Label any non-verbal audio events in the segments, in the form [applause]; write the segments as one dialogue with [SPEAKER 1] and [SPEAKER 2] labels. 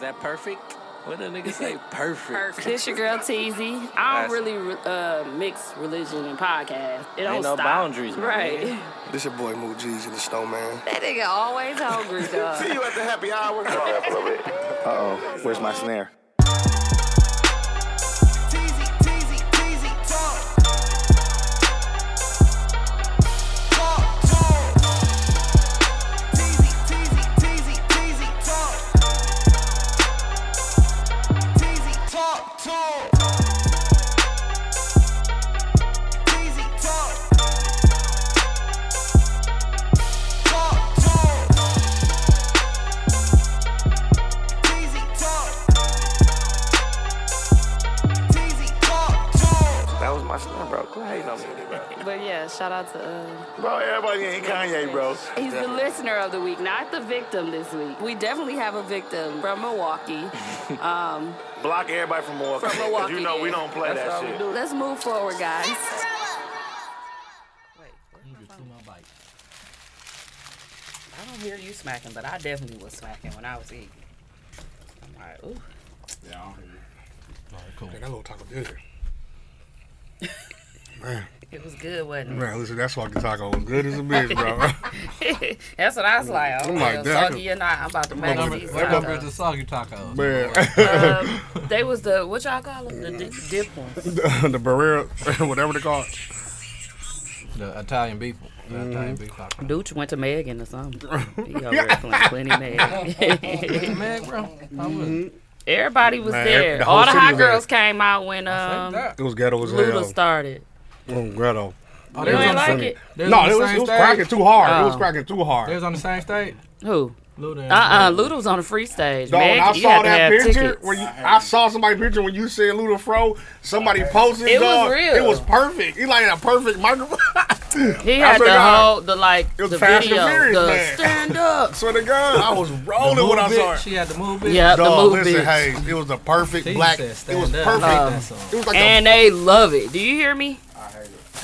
[SPEAKER 1] that perfect? What the nigga say? Perfect.
[SPEAKER 2] Perfect.
[SPEAKER 3] This your girl Teasy. I
[SPEAKER 1] Nice.
[SPEAKER 3] don't really uh, mix religion and podcast. It don't
[SPEAKER 1] Ain't no
[SPEAKER 3] stop.
[SPEAKER 1] boundaries, my
[SPEAKER 3] [laughs] right?
[SPEAKER 1] nigga.
[SPEAKER 4] This your boy Moot G's and the Snowman.
[SPEAKER 2] That nigga always
[SPEAKER 3] [laughs]
[SPEAKER 2] hungry, dog.
[SPEAKER 5] See you at the happy hour.
[SPEAKER 4] Uh-oh, where's my snare?
[SPEAKER 5] Teasy, teasy, teasy, talk. Talk, talk. Teasy, teasy, teasy, teasy, talk. Teasy, talk, talk. Teasy, talk. Talk, talk. Teasy, talk. Teasy, talk, talk.
[SPEAKER 1] That was my son, bro. Quit hating on me, bro.
[SPEAKER 3] But yeah, shout out to. Uh,
[SPEAKER 5] Bro, everybody ain't Kanye, bro.
[SPEAKER 3] he's the listener of the week, not the victim this week. We definitely have a victim from Milwaukee.
[SPEAKER 5] Block everybody from
[SPEAKER 3] [laughs]
[SPEAKER 5] Milwaukee.
[SPEAKER 3] From
[SPEAKER 5] 'cause
[SPEAKER 3] Milwaukee,
[SPEAKER 5] you know we
[SPEAKER 3] yeah.
[SPEAKER 5] don't play
[SPEAKER 1] That's all
[SPEAKER 5] that
[SPEAKER 1] we
[SPEAKER 5] shit.
[SPEAKER 1] do.
[SPEAKER 3] Let's move forward, guys.
[SPEAKER 6] I don't hear you smacking, but I definitely was smacking when I was eating. All right, ooh.
[SPEAKER 7] They got a little taco good. Man,
[SPEAKER 6] It was good, wasn't
[SPEAKER 7] man, listen, that's fucking taco was good as a bitch, bro. [laughs]
[SPEAKER 6] it? [laughs] That's what I was like. Oh,
[SPEAKER 7] I'm
[SPEAKER 6] my
[SPEAKER 7] like,
[SPEAKER 6] God.
[SPEAKER 7] that-
[SPEAKER 6] Soggy or not, I'm about to make
[SPEAKER 7] remember-
[SPEAKER 6] these
[SPEAKER 7] I remember
[SPEAKER 6] tacos.
[SPEAKER 8] soggy tacos.
[SPEAKER 7] man,
[SPEAKER 6] They was the, what y'all call them? The dip, dip ones.
[SPEAKER 7] [laughs] the, the Barrera, [laughs] whatever they call it.
[SPEAKER 8] The Italian beef. The Italian beef
[SPEAKER 6] [laughs]
[SPEAKER 8] taco.
[SPEAKER 6] Dooch went to Megan or something.
[SPEAKER 7] [laughs]
[SPEAKER 6] He over there playing plenty Meg. [laughs]
[SPEAKER 8] Man, bro. I
[SPEAKER 6] Mm-hmm.
[SPEAKER 8] would.
[SPEAKER 6] Everybody was
[SPEAKER 7] Man,
[SPEAKER 6] there.
[SPEAKER 7] the whole
[SPEAKER 6] All the
[SPEAKER 7] city
[SPEAKER 6] hot
[SPEAKER 7] was there.
[SPEAKER 6] girls came out when um,
[SPEAKER 8] that.
[SPEAKER 7] It was ghetto as
[SPEAKER 6] Luda
[SPEAKER 7] hell.
[SPEAKER 6] started.
[SPEAKER 7] Mm, ghetto.
[SPEAKER 8] Oh,
[SPEAKER 6] You
[SPEAKER 8] they was
[SPEAKER 6] ain't
[SPEAKER 8] on the
[SPEAKER 6] like
[SPEAKER 8] same-
[SPEAKER 6] it?
[SPEAKER 8] they
[SPEAKER 7] No,
[SPEAKER 8] on the
[SPEAKER 7] it was,
[SPEAKER 8] same
[SPEAKER 7] it was
[SPEAKER 8] stage?
[SPEAKER 7] cracking too hard. It was
[SPEAKER 6] Oh.
[SPEAKER 7] cracking too
[SPEAKER 8] They
[SPEAKER 7] hard.
[SPEAKER 8] was on the same stage.
[SPEAKER 6] Who?
[SPEAKER 8] Luda. and-
[SPEAKER 6] Uh-uh, Luda was on the free stage.
[SPEAKER 7] Dog,
[SPEAKER 6] Meg,
[SPEAKER 7] when I
[SPEAKER 6] you had
[SPEAKER 7] saw
[SPEAKER 6] to
[SPEAKER 7] that
[SPEAKER 6] have
[SPEAKER 7] picture
[SPEAKER 6] tickets.
[SPEAKER 7] when you, I saw somebody picture when you said Luda Fro, somebody posted
[SPEAKER 6] It was
[SPEAKER 7] dog,
[SPEAKER 6] real.
[SPEAKER 7] It was perfect. He like had a perfect microphone. [laughs]
[SPEAKER 6] He
[SPEAKER 7] I
[SPEAKER 6] had
[SPEAKER 7] swear to
[SPEAKER 6] the
[SPEAKER 7] God.
[SPEAKER 6] whole, the like,
[SPEAKER 7] It
[SPEAKER 6] the
[SPEAKER 7] was Fast and
[SPEAKER 6] video,
[SPEAKER 7] Furious,
[SPEAKER 6] the
[SPEAKER 7] man.
[SPEAKER 6] stand up.
[SPEAKER 7] [laughs] Swear to God, I
[SPEAKER 6] [laughs]
[SPEAKER 7] was
[SPEAKER 8] The
[SPEAKER 7] rolling when I
[SPEAKER 8] Move
[SPEAKER 7] saw
[SPEAKER 8] Bitch,
[SPEAKER 7] it.
[SPEAKER 8] She had the move bitch.
[SPEAKER 6] Yeah,
[SPEAKER 7] Dog,
[SPEAKER 6] the
[SPEAKER 7] listen,
[SPEAKER 6] movie.
[SPEAKER 7] Hayes, it was the perfect
[SPEAKER 8] She
[SPEAKER 7] black.
[SPEAKER 8] said
[SPEAKER 7] It
[SPEAKER 8] stand
[SPEAKER 7] was
[SPEAKER 8] up.
[SPEAKER 7] perfect.
[SPEAKER 8] I hate that song.
[SPEAKER 7] it was like
[SPEAKER 6] Um, And
[SPEAKER 7] a,
[SPEAKER 6] they love it. Do you hear me?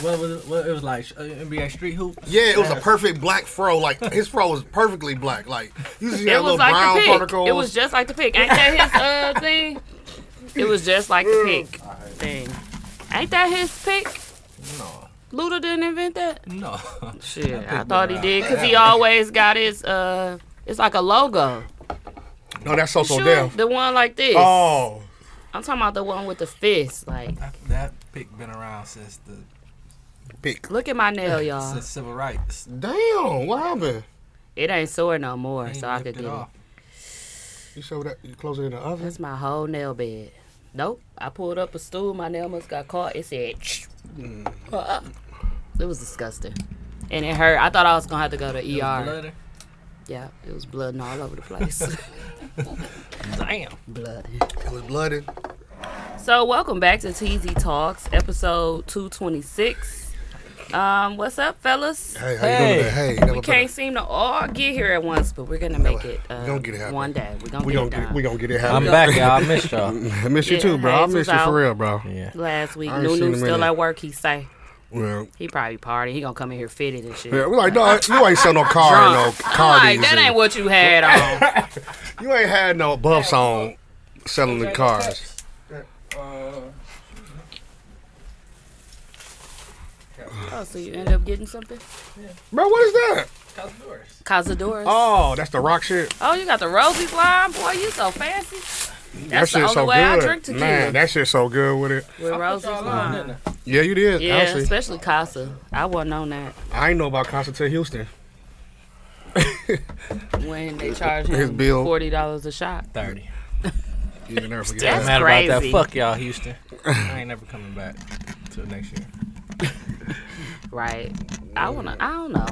[SPEAKER 8] What was it? What, it was like uh, NBA street hoop.
[SPEAKER 7] yeah, it was a perfect black fro. Like his fro was perfectly black. Like you see that
[SPEAKER 6] It
[SPEAKER 7] little
[SPEAKER 6] was like
[SPEAKER 7] brown
[SPEAKER 6] the pick.
[SPEAKER 7] particles.
[SPEAKER 6] It was just like the pick. Ain't that his uh thing? It was just like the pick thing. Ain't that his pick?
[SPEAKER 8] No,
[SPEAKER 6] Luda didn't invent that.
[SPEAKER 8] no. [laughs]
[SPEAKER 6] Shit, I thought he did because he always got his uh. It's like a logo.
[SPEAKER 7] no, that's so so
[SPEAKER 6] Sure,
[SPEAKER 7] deaf.
[SPEAKER 6] the one like this.
[SPEAKER 7] Oh,
[SPEAKER 6] I'm talking about the one with the fist. Like,
[SPEAKER 8] That, that pick been around since the
[SPEAKER 7] pick.
[SPEAKER 6] look at my nail, y'all.
[SPEAKER 8] since civil rights.
[SPEAKER 7] Damn, what happened?
[SPEAKER 6] It ain't sore no more,
[SPEAKER 8] Ain't
[SPEAKER 6] so I
[SPEAKER 8] ripped
[SPEAKER 6] could get it.
[SPEAKER 8] off.
[SPEAKER 7] You showed that you close it in the oven.
[SPEAKER 6] That's my whole nail bed. Nope. I pulled up a stool. My nail must got caught. It said.
[SPEAKER 7] Mm.
[SPEAKER 6] Uh-uh. It was disgusting. And it hurt. I thought I was gonna have to go to
[SPEAKER 8] It was
[SPEAKER 6] ER.
[SPEAKER 8] bloody.
[SPEAKER 6] Yeah, it was blooding all over the
[SPEAKER 7] [laughs]
[SPEAKER 6] place.
[SPEAKER 8] Damn.
[SPEAKER 6] blooding.
[SPEAKER 7] It was blooded.
[SPEAKER 6] So welcome back to TZ Talks, episode two twenty six. Um, what's up, fellas?
[SPEAKER 7] Hey, how you doing today? Hey, never
[SPEAKER 6] We
[SPEAKER 7] been-
[SPEAKER 6] can't seem to all get here at once, but we're gonna make it uh,
[SPEAKER 7] we gonna get it happen.
[SPEAKER 6] one day. We're gonna
[SPEAKER 7] We
[SPEAKER 6] get
[SPEAKER 7] gonna
[SPEAKER 6] it
[SPEAKER 7] get
[SPEAKER 6] done.
[SPEAKER 7] we gonna get it
[SPEAKER 8] I'm
[SPEAKER 7] happening.
[SPEAKER 8] back, y'all. I
[SPEAKER 6] [laughs]
[SPEAKER 8] missed [laughs]
[SPEAKER 7] [laughs]
[SPEAKER 8] y'all.
[SPEAKER 7] I miss you
[SPEAKER 6] Yeah,
[SPEAKER 7] too, bro. I
[SPEAKER 6] Hayes
[SPEAKER 7] miss
[SPEAKER 6] was
[SPEAKER 7] you
[SPEAKER 6] out.
[SPEAKER 7] for real, bro.
[SPEAKER 8] Yeah.
[SPEAKER 6] Last week,
[SPEAKER 7] I ain't seen
[SPEAKER 6] Nunu
[SPEAKER 7] him in
[SPEAKER 6] still
[SPEAKER 7] there.
[SPEAKER 6] at work. He say
[SPEAKER 7] Well,
[SPEAKER 6] he probably party. He gonna come in here fitted and shit.
[SPEAKER 7] yeah, we
[SPEAKER 6] [laughs]
[SPEAKER 7] like no, you ain't sell no car, no
[SPEAKER 6] drunk.
[SPEAKER 7] car.
[SPEAKER 6] I'm like,
[SPEAKER 7] these
[SPEAKER 6] that
[SPEAKER 7] days.
[SPEAKER 6] ain't what you had
[SPEAKER 7] [laughs]
[SPEAKER 6] on.
[SPEAKER 7] You ain't had no buffs on selling the cars.
[SPEAKER 8] Uh,
[SPEAKER 6] oh, so you end up getting something?
[SPEAKER 7] Bro, what is that?
[SPEAKER 6] Cazadores. Oh.
[SPEAKER 7] Oh, that's the rock shit.
[SPEAKER 6] you got the roses line, boy. You so fancy. That's
[SPEAKER 7] that
[SPEAKER 6] the
[SPEAKER 7] shit's
[SPEAKER 6] only
[SPEAKER 7] so
[SPEAKER 6] way
[SPEAKER 7] good.
[SPEAKER 6] I drink tequila.
[SPEAKER 7] Man, that shit's so good with it.
[SPEAKER 6] With roses line.
[SPEAKER 7] Yeah, you did.
[SPEAKER 6] Yeah,
[SPEAKER 7] actually.
[SPEAKER 6] especially Casa. I wasn't on that
[SPEAKER 7] I ain't know about Constantine Houston.
[SPEAKER 6] when they charged
[SPEAKER 7] His
[SPEAKER 6] him
[SPEAKER 7] bill.
[SPEAKER 6] forty dollars a shot.
[SPEAKER 8] 30.
[SPEAKER 7] You can never forget
[SPEAKER 6] That's
[SPEAKER 7] that.
[SPEAKER 8] Mad about
[SPEAKER 6] crazy.
[SPEAKER 8] that. Fuck
[SPEAKER 6] [laughs]
[SPEAKER 8] y'all, Houston. I ain't never coming back till next year.
[SPEAKER 6] Right. I wanna. I don't know.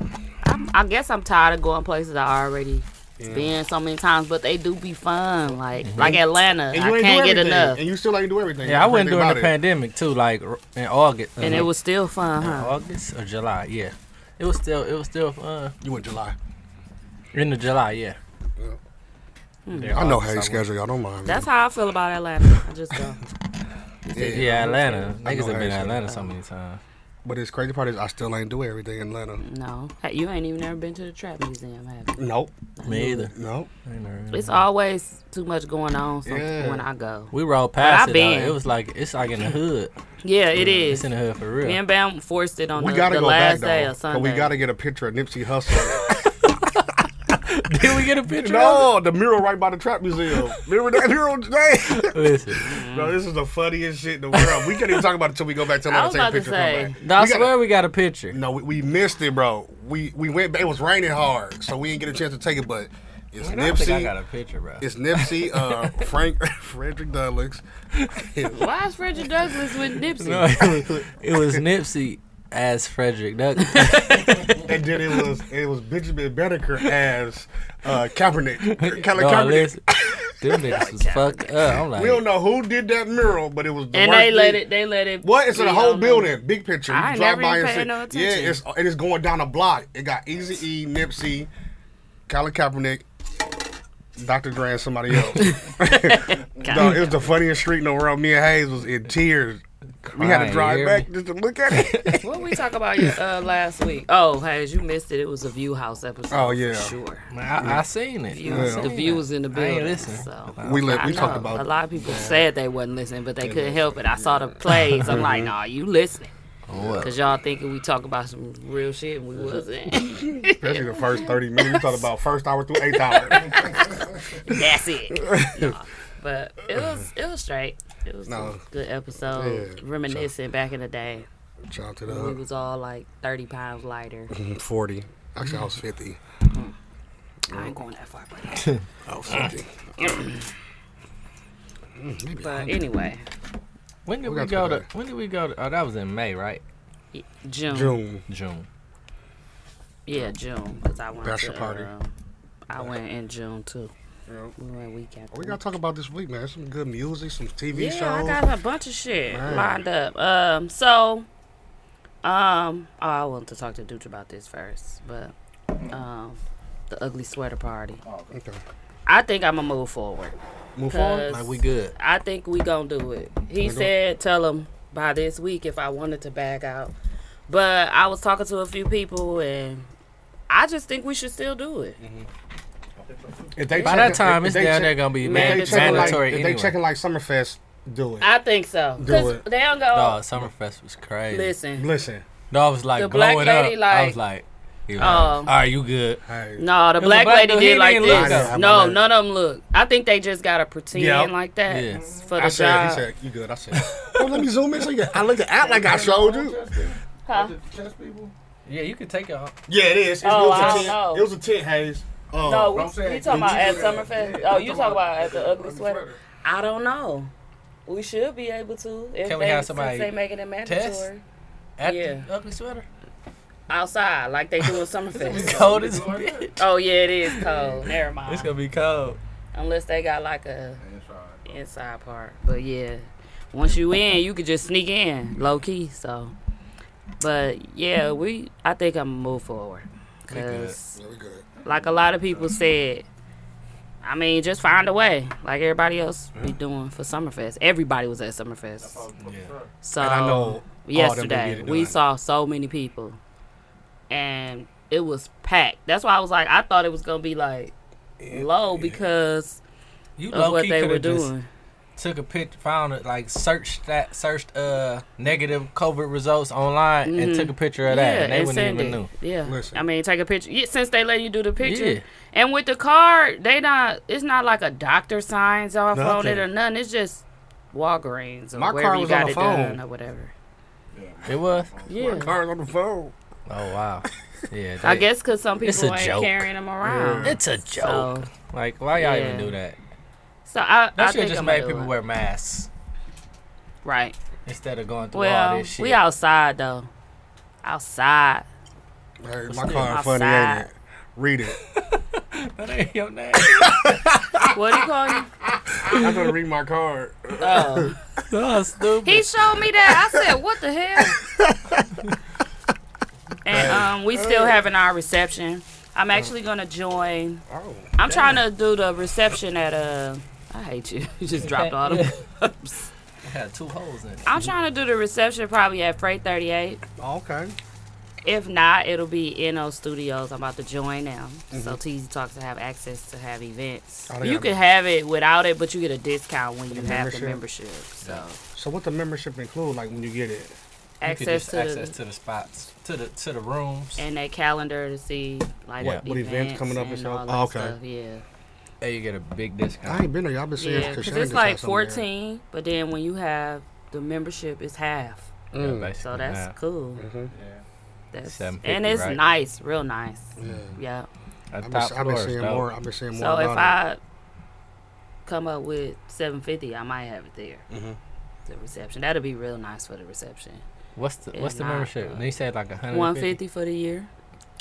[SPEAKER 6] I'm, I guess I'm tired of going places I already been so many times, but they do be fun. Like like Atlanta,
[SPEAKER 7] Mhm. And you
[SPEAKER 6] I
[SPEAKER 7] ain't
[SPEAKER 6] can't
[SPEAKER 7] do
[SPEAKER 6] get
[SPEAKER 7] everything.
[SPEAKER 6] enough,
[SPEAKER 7] And you still ain't do everything.
[SPEAKER 8] Yeah, I went
[SPEAKER 7] Think
[SPEAKER 8] during
[SPEAKER 7] about
[SPEAKER 8] the
[SPEAKER 7] it.
[SPEAKER 8] pandemic too, like r- in August. Uh,
[SPEAKER 6] and it was still fun, huh?
[SPEAKER 8] August or July. Yeah, it was still it was still uh,
[SPEAKER 7] You went July.
[SPEAKER 8] in the July. Yeah. Yeah,
[SPEAKER 6] Hmm.
[SPEAKER 7] I know how
[SPEAKER 8] August,
[SPEAKER 7] you
[SPEAKER 8] went.
[SPEAKER 7] schedule. Y'all don't mind.
[SPEAKER 6] That's how I feel about Atlanta. I just go.
[SPEAKER 7] yeah.
[SPEAKER 8] Yeah, Atlanta.
[SPEAKER 7] I know how
[SPEAKER 8] Niggas have been
[SPEAKER 7] you
[SPEAKER 8] to
[SPEAKER 7] schedule.
[SPEAKER 8] Atlanta so many times.
[SPEAKER 7] But his crazy part is I still ain't do everything in Atlanta.
[SPEAKER 6] No, Hey, you ain't even never been to the trap museum, have you?
[SPEAKER 7] Nope.
[SPEAKER 8] Me either.
[SPEAKER 7] Nope.
[SPEAKER 6] It's always too much going on some-
[SPEAKER 7] Yeah.
[SPEAKER 6] when I go.
[SPEAKER 8] We rode past
[SPEAKER 6] But I
[SPEAKER 8] it. Though.
[SPEAKER 6] been.
[SPEAKER 8] It was like it's like in the hood.
[SPEAKER 6] Yeah, it
[SPEAKER 8] It's
[SPEAKER 6] is.
[SPEAKER 8] in the hood for
[SPEAKER 6] Me
[SPEAKER 8] real.
[SPEAKER 6] and Bam forced it on
[SPEAKER 7] We
[SPEAKER 6] the,
[SPEAKER 7] gotta
[SPEAKER 6] the
[SPEAKER 7] go
[SPEAKER 6] last
[SPEAKER 7] back
[SPEAKER 6] day
[SPEAKER 7] though.
[SPEAKER 6] of
[SPEAKER 7] but
[SPEAKER 6] Sunday.
[SPEAKER 7] we gotta get a picture of
[SPEAKER 6] [laughs]
[SPEAKER 7] Nipsey Hussle.
[SPEAKER 8] [laughs] Did we get a picture? of
[SPEAKER 7] no, the mural right by the trap museum. Remember
[SPEAKER 6] [laughs]
[SPEAKER 7] that mural today?
[SPEAKER 8] it? Listen,
[SPEAKER 7] Bro, this is the funniest shit in the world. We can't even talk about it until we go back to
[SPEAKER 6] Mm. I
[SPEAKER 7] Atlanta
[SPEAKER 6] was
[SPEAKER 7] take a
[SPEAKER 6] about to
[SPEAKER 7] picture.
[SPEAKER 6] say.
[SPEAKER 7] come back.
[SPEAKER 8] no, I
[SPEAKER 7] We gotta-
[SPEAKER 8] swear we got a picture.
[SPEAKER 7] No, we, we missed it, bro. We we went. back- It was raining hard, so we didn't get a chance to take it. But it's
[SPEAKER 8] I think I
[SPEAKER 7] Nipsey.
[SPEAKER 8] got a picture, bro.
[SPEAKER 7] It's Nipsey, uh, Frank, [laughs] Frederick Douglass.
[SPEAKER 6] Why is Frederick Douglass with Nipsey?
[SPEAKER 8] No, it was, [laughs] it was Nipsey as Frederick Douglass.
[SPEAKER 7] and then it was it was Benjamin Bedecker as uh, Kaepernick. Colin
[SPEAKER 8] no,
[SPEAKER 7] Kaepernick.
[SPEAKER 8] listen,
[SPEAKER 7] [laughs]
[SPEAKER 8] them niggas was fucked up. I'm like,
[SPEAKER 7] We don't know who did that mural, but it was. The
[SPEAKER 6] and
[SPEAKER 7] worst
[SPEAKER 6] they let
[SPEAKER 7] thing.
[SPEAKER 6] it. They let it.
[SPEAKER 7] What? It's in
[SPEAKER 6] be
[SPEAKER 7] a whole
[SPEAKER 6] on
[SPEAKER 7] building, big picture. You
[SPEAKER 6] I
[SPEAKER 7] can
[SPEAKER 6] ain't
[SPEAKER 7] drive
[SPEAKER 6] never
[SPEAKER 7] by
[SPEAKER 6] even
[SPEAKER 7] and see.
[SPEAKER 6] paid no attention.
[SPEAKER 7] yeah, it's and it's going down a block. It got Easy E, Nipsey, Colin Kaepernick, Dr. Dre, and somebody
[SPEAKER 6] [laughs]
[SPEAKER 7] else. [laughs] no, it was the funniest street in the world. Me and Hayes was in tears. We had to
[SPEAKER 8] Crying,
[SPEAKER 7] drive
[SPEAKER 8] you hear
[SPEAKER 7] back
[SPEAKER 8] me?
[SPEAKER 7] just to look
[SPEAKER 6] [laughs]
[SPEAKER 7] at it.
[SPEAKER 6] What we talk about uh, last week? Oh, hey, you missed it. It was a View House episode.
[SPEAKER 7] Oh, yeah.
[SPEAKER 6] for sure.
[SPEAKER 8] man, I, I seen it.
[SPEAKER 6] Views,
[SPEAKER 8] I
[SPEAKER 6] The
[SPEAKER 8] seen
[SPEAKER 6] view
[SPEAKER 8] it.
[SPEAKER 6] was in the
[SPEAKER 8] I ain't
[SPEAKER 6] building.
[SPEAKER 8] listen.
[SPEAKER 6] So.
[SPEAKER 7] we let,
[SPEAKER 6] I
[SPEAKER 7] we
[SPEAKER 6] know.
[SPEAKER 7] talked about
[SPEAKER 6] a lot of people said they wasn't listening, but they couldn't help it. I saw the plays. I'm
[SPEAKER 7] [laughs]
[SPEAKER 6] like, nah, you listening?
[SPEAKER 7] Oh,
[SPEAKER 8] What?
[SPEAKER 6] Cause y'all thinking we talk about some real shit and we wasn't. [laughs]
[SPEAKER 7] [laughs] Especially the first 30 minutes. We talked about first hour through eighth [laughs] hour.
[SPEAKER 6] That's it. Nah. But it was it was straight. It was
[SPEAKER 7] No.
[SPEAKER 6] a good episode.
[SPEAKER 7] Yeah. Uh.
[SPEAKER 6] Reminiscing back in the day.
[SPEAKER 7] Chopped it
[SPEAKER 6] when We
[SPEAKER 7] up.
[SPEAKER 6] was all like thirty pounds lighter.
[SPEAKER 7] [laughs] 40. Actually, I was 50.
[SPEAKER 6] I ain't going that far, but
[SPEAKER 7] I was 50. [laughs]
[SPEAKER 6] But anyway,
[SPEAKER 8] When did
[SPEAKER 7] We
[SPEAKER 8] we,
[SPEAKER 7] got
[SPEAKER 8] go
[SPEAKER 7] to
[SPEAKER 8] to? When did we go to? Oh, that was in May, right?
[SPEAKER 6] June.
[SPEAKER 7] June.
[SPEAKER 8] June.
[SPEAKER 6] Yeah, June. Because I went
[SPEAKER 7] Bachelor
[SPEAKER 6] to,
[SPEAKER 7] party.
[SPEAKER 6] um, I went in June too. We went weekend.
[SPEAKER 7] We got to talk about this week, man. Some good music, some TV
[SPEAKER 6] yeah,
[SPEAKER 7] shows.
[SPEAKER 6] I got a bunch of shit
[SPEAKER 7] Man.
[SPEAKER 6] lined up. Um, so, um, oh, I wanted to talk to Dooch about this first, but um, the ugly sweater party.
[SPEAKER 7] Okay.
[SPEAKER 6] I think I'm gonna move forward.
[SPEAKER 7] Move forward.
[SPEAKER 8] Like we good.
[SPEAKER 6] I think we gonna do it. He said, tell him by this week if I wanted to back out. But I was talking to a few people, and I just think we should still do it.
[SPEAKER 7] Mm-hmm. If they
[SPEAKER 8] By
[SPEAKER 7] checking-
[SPEAKER 8] that time,
[SPEAKER 7] if
[SPEAKER 8] it's
[SPEAKER 7] they
[SPEAKER 8] down
[SPEAKER 7] check-
[SPEAKER 8] there gonna be
[SPEAKER 7] if
[SPEAKER 8] man,
[SPEAKER 7] they checking like,
[SPEAKER 8] mandatory
[SPEAKER 7] If
[SPEAKER 8] anyway.
[SPEAKER 7] they checking like Summerfest, do it.
[SPEAKER 6] I think so.
[SPEAKER 7] Do
[SPEAKER 6] 'Cause
[SPEAKER 7] it.
[SPEAKER 6] They don't go. "Oh,
[SPEAKER 8] Dog, Summerfest was crazy.
[SPEAKER 6] Listen.
[SPEAKER 7] Listen,
[SPEAKER 8] Dog was like
[SPEAKER 6] The black
[SPEAKER 8] blowing
[SPEAKER 6] lady,
[SPEAKER 8] up. I
[SPEAKER 6] like-
[SPEAKER 8] was like, you
[SPEAKER 6] Oh.
[SPEAKER 8] all right, you good?
[SPEAKER 7] hey,
[SPEAKER 6] No, the
[SPEAKER 8] was a
[SPEAKER 6] black,
[SPEAKER 8] black
[SPEAKER 6] lady
[SPEAKER 8] dude, he
[SPEAKER 6] did like
[SPEAKER 8] didn't
[SPEAKER 7] though.
[SPEAKER 8] look
[SPEAKER 6] this. No,
[SPEAKER 7] I didn't-
[SPEAKER 6] none of them look. I think they just got to pretend
[SPEAKER 7] Yeah.
[SPEAKER 6] like that
[SPEAKER 8] Yeah.
[SPEAKER 6] for the
[SPEAKER 7] I said,
[SPEAKER 6] job.
[SPEAKER 7] he said, you good. I [laughs] said, oh, let me zoom in so you can, I look at app like I showed you.
[SPEAKER 8] Yeah, you could take it off.
[SPEAKER 7] Yeah, it is. It's-
[SPEAKER 6] Oh,
[SPEAKER 7] it
[SPEAKER 6] I
[SPEAKER 7] was a
[SPEAKER 6] don't
[SPEAKER 7] tent.
[SPEAKER 6] know.
[SPEAKER 7] It was a tent haze. Uh,
[SPEAKER 8] "Oh,
[SPEAKER 6] no,
[SPEAKER 7] but I'm
[SPEAKER 6] we,
[SPEAKER 7] saying,
[SPEAKER 6] you talking
[SPEAKER 7] did
[SPEAKER 6] about at
[SPEAKER 7] do that?
[SPEAKER 6] Summerfest?
[SPEAKER 7] Yeah,
[SPEAKER 6] oh,
[SPEAKER 7] I'm
[SPEAKER 6] you talking about at the ugly sweater? I don't know. We should be able to if
[SPEAKER 8] Can we
[SPEAKER 6] they,
[SPEAKER 8] have somebody
[SPEAKER 6] since they making it mandatory
[SPEAKER 8] test? At
[SPEAKER 6] Yeah.
[SPEAKER 8] the ugly sweater.
[SPEAKER 6] outside like they
[SPEAKER 8] [laughs]
[SPEAKER 6] do in Summerfest.
[SPEAKER 8] Cold as a bitch.
[SPEAKER 6] oh yeah, it is cold. Never
[SPEAKER 8] [laughs] It's
[SPEAKER 6] mind.
[SPEAKER 8] gonna be cold.
[SPEAKER 6] Unless they got like a inside part. But yeah, once you in, you could just sneak in low key. So, but yeah, we I think I'm gonna move forward because
[SPEAKER 7] Yeah, we good.
[SPEAKER 6] like a lot of people said. I mean, just find a way, like everybody else be doing for Summerfest. Everybody was at Summerfest,
[SPEAKER 8] Yeah.
[SPEAKER 6] so
[SPEAKER 7] And I know all them
[SPEAKER 6] yesterday
[SPEAKER 7] people get it
[SPEAKER 6] we
[SPEAKER 7] done.
[SPEAKER 6] saw so many people, and it was packed. That's why I was like, I thought it was gonna be like low because
[SPEAKER 8] You
[SPEAKER 6] of
[SPEAKER 8] low
[SPEAKER 6] what
[SPEAKER 8] key
[SPEAKER 6] they
[SPEAKER 8] could
[SPEAKER 6] were
[SPEAKER 8] have just
[SPEAKER 6] doing.
[SPEAKER 8] took a picture, found it, like searched that, searched uh negative COVID results online, and took a picture of that, and they wouldn't
[SPEAKER 6] Mm-hmm. send
[SPEAKER 8] even
[SPEAKER 6] it.
[SPEAKER 8] know.
[SPEAKER 6] Yeah,
[SPEAKER 7] Listen.
[SPEAKER 6] I mean, take a picture. Yeah, since they let you do the picture,
[SPEAKER 8] Yeah.
[SPEAKER 6] and with the card, they not. It's not like a doctor signs off on
[SPEAKER 7] Nothing.
[SPEAKER 6] it or nothing. It's just Walgreens or
[SPEAKER 7] My
[SPEAKER 6] wherever
[SPEAKER 7] card
[SPEAKER 6] you
[SPEAKER 7] was on
[SPEAKER 6] got
[SPEAKER 7] the
[SPEAKER 6] it
[SPEAKER 7] phone.
[SPEAKER 6] done or whatever.
[SPEAKER 8] It was.
[SPEAKER 6] Yeah,
[SPEAKER 7] Cars on the phone.
[SPEAKER 8] Oh wow. Yeah.
[SPEAKER 6] I
[SPEAKER 8] they-
[SPEAKER 6] guess because some
[SPEAKER 8] It's
[SPEAKER 6] people
[SPEAKER 8] a
[SPEAKER 6] ain't
[SPEAKER 8] joke.
[SPEAKER 6] carrying them around.
[SPEAKER 8] it's a
[SPEAKER 6] So,
[SPEAKER 8] joke. like, why y'all even
[SPEAKER 6] Yeah.
[SPEAKER 8] do that?
[SPEAKER 6] so I,
[SPEAKER 8] That
[SPEAKER 6] I
[SPEAKER 8] should
[SPEAKER 6] think
[SPEAKER 8] just
[SPEAKER 6] I'm
[SPEAKER 8] made
[SPEAKER 6] gonna do
[SPEAKER 8] people
[SPEAKER 6] it.
[SPEAKER 8] wear masks
[SPEAKER 6] right.
[SPEAKER 8] instead of going through all
[SPEAKER 6] Well,
[SPEAKER 8] this shit.
[SPEAKER 6] we
[SPEAKER 8] [laughs]
[SPEAKER 6] outside though. Outside.
[SPEAKER 7] Hey, my
[SPEAKER 8] still
[SPEAKER 7] car funny,
[SPEAKER 6] outside.
[SPEAKER 7] ain't it? Read
[SPEAKER 6] [laughs]
[SPEAKER 7] it.
[SPEAKER 8] that ain't your name.
[SPEAKER 6] What do you call it?
[SPEAKER 7] I'm gonna read my card.
[SPEAKER 6] Oh. [laughs]
[SPEAKER 8] no, stupid.
[SPEAKER 6] He showed me that. I said, "What the hell?" and um, we still having our reception. I'm actually gonna join.
[SPEAKER 7] Oh,
[SPEAKER 6] I'm [laughs] trying to do the reception at uh I hate you. You just dropped all the.
[SPEAKER 8] had two holes in it.
[SPEAKER 6] I'm trying to do the reception probably at Freight 38.
[SPEAKER 7] Oh, Okay.
[SPEAKER 6] If not, it'll be NO Studios. I'm about to join them. So TZ Talks to have access to have events.
[SPEAKER 7] Oh, they
[SPEAKER 6] you
[SPEAKER 7] got
[SPEAKER 6] can have it without it, but you get a discount when you have the
[SPEAKER 7] membership?
[SPEAKER 6] membership. So
[SPEAKER 7] So what the membership include? Like when you get it,
[SPEAKER 8] You could
[SPEAKER 6] access
[SPEAKER 8] just
[SPEAKER 6] to
[SPEAKER 8] access
[SPEAKER 6] the,
[SPEAKER 8] to the spots, to the to the rooms.
[SPEAKER 6] and that calendar to see like
[SPEAKER 8] What-
[SPEAKER 6] the
[SPEAKER 7] what events coming up and
[SPEAKER 6] and
[SPEAKER 7] stuff?
[SPEAKER 6] all that
[SPEAKER 7] Oh, okay.
[SPEAKER 6] stuff. Yeah.
[SPEAKER 8] Hey, you get a big
[SPEAKER 7] I
[SPEAKER 8] discount.
[SPEAKER 7] ain't been there. Y'all been saying
[SPEAKER 6] Yeah, because
[SPEAKER 7] Cassandra
[SPEAKER 6] it's
[SPEAKER 7] said
[SPEAKER 6] like
[SPEAKER 7] something there.
[SPEAKER 6] 14, but then when you have the membership, it's half.
[SPEAKER 8] Yeah, basically
[SPEAKER 6] Mm, So that's
[SPEAKER 8] not.
[SPEAKER 6] cool. That's,
[SPEAKER 8] $7.50,
[SPEAKER 6] and it's
[SPEAKER 8] right?
[SPEAKER 6] nice, real nice. Yeah.
[SPEAKER 8] A
[SPEAKER 7] I've been,
[SPEAKER 8] top
[SPEAKER 7] I've been
[SPEAKER 8] floor is
[SPEAKER 7] seeing
[SPEAKER 8] dope.
[SPEAKER 7] more. I've been seeing more.
[SPEAKER 6] So if
[SPEAKER 7] about it.
[SPEAKER 6] I come up with 750, I might have it there. The reception. That'll be real nice for the reception.
[SPEAKER 8] What's the
[SPEAKER 6] It's
[SPEAKER 8] what's the
[SPEAKER 6] not,
[SPEAKER 8] membership?
[SPEAKER 6] uh,
[SPEAKER 8] They said like a hundred.
[SPEAKER 6] 150 for the year.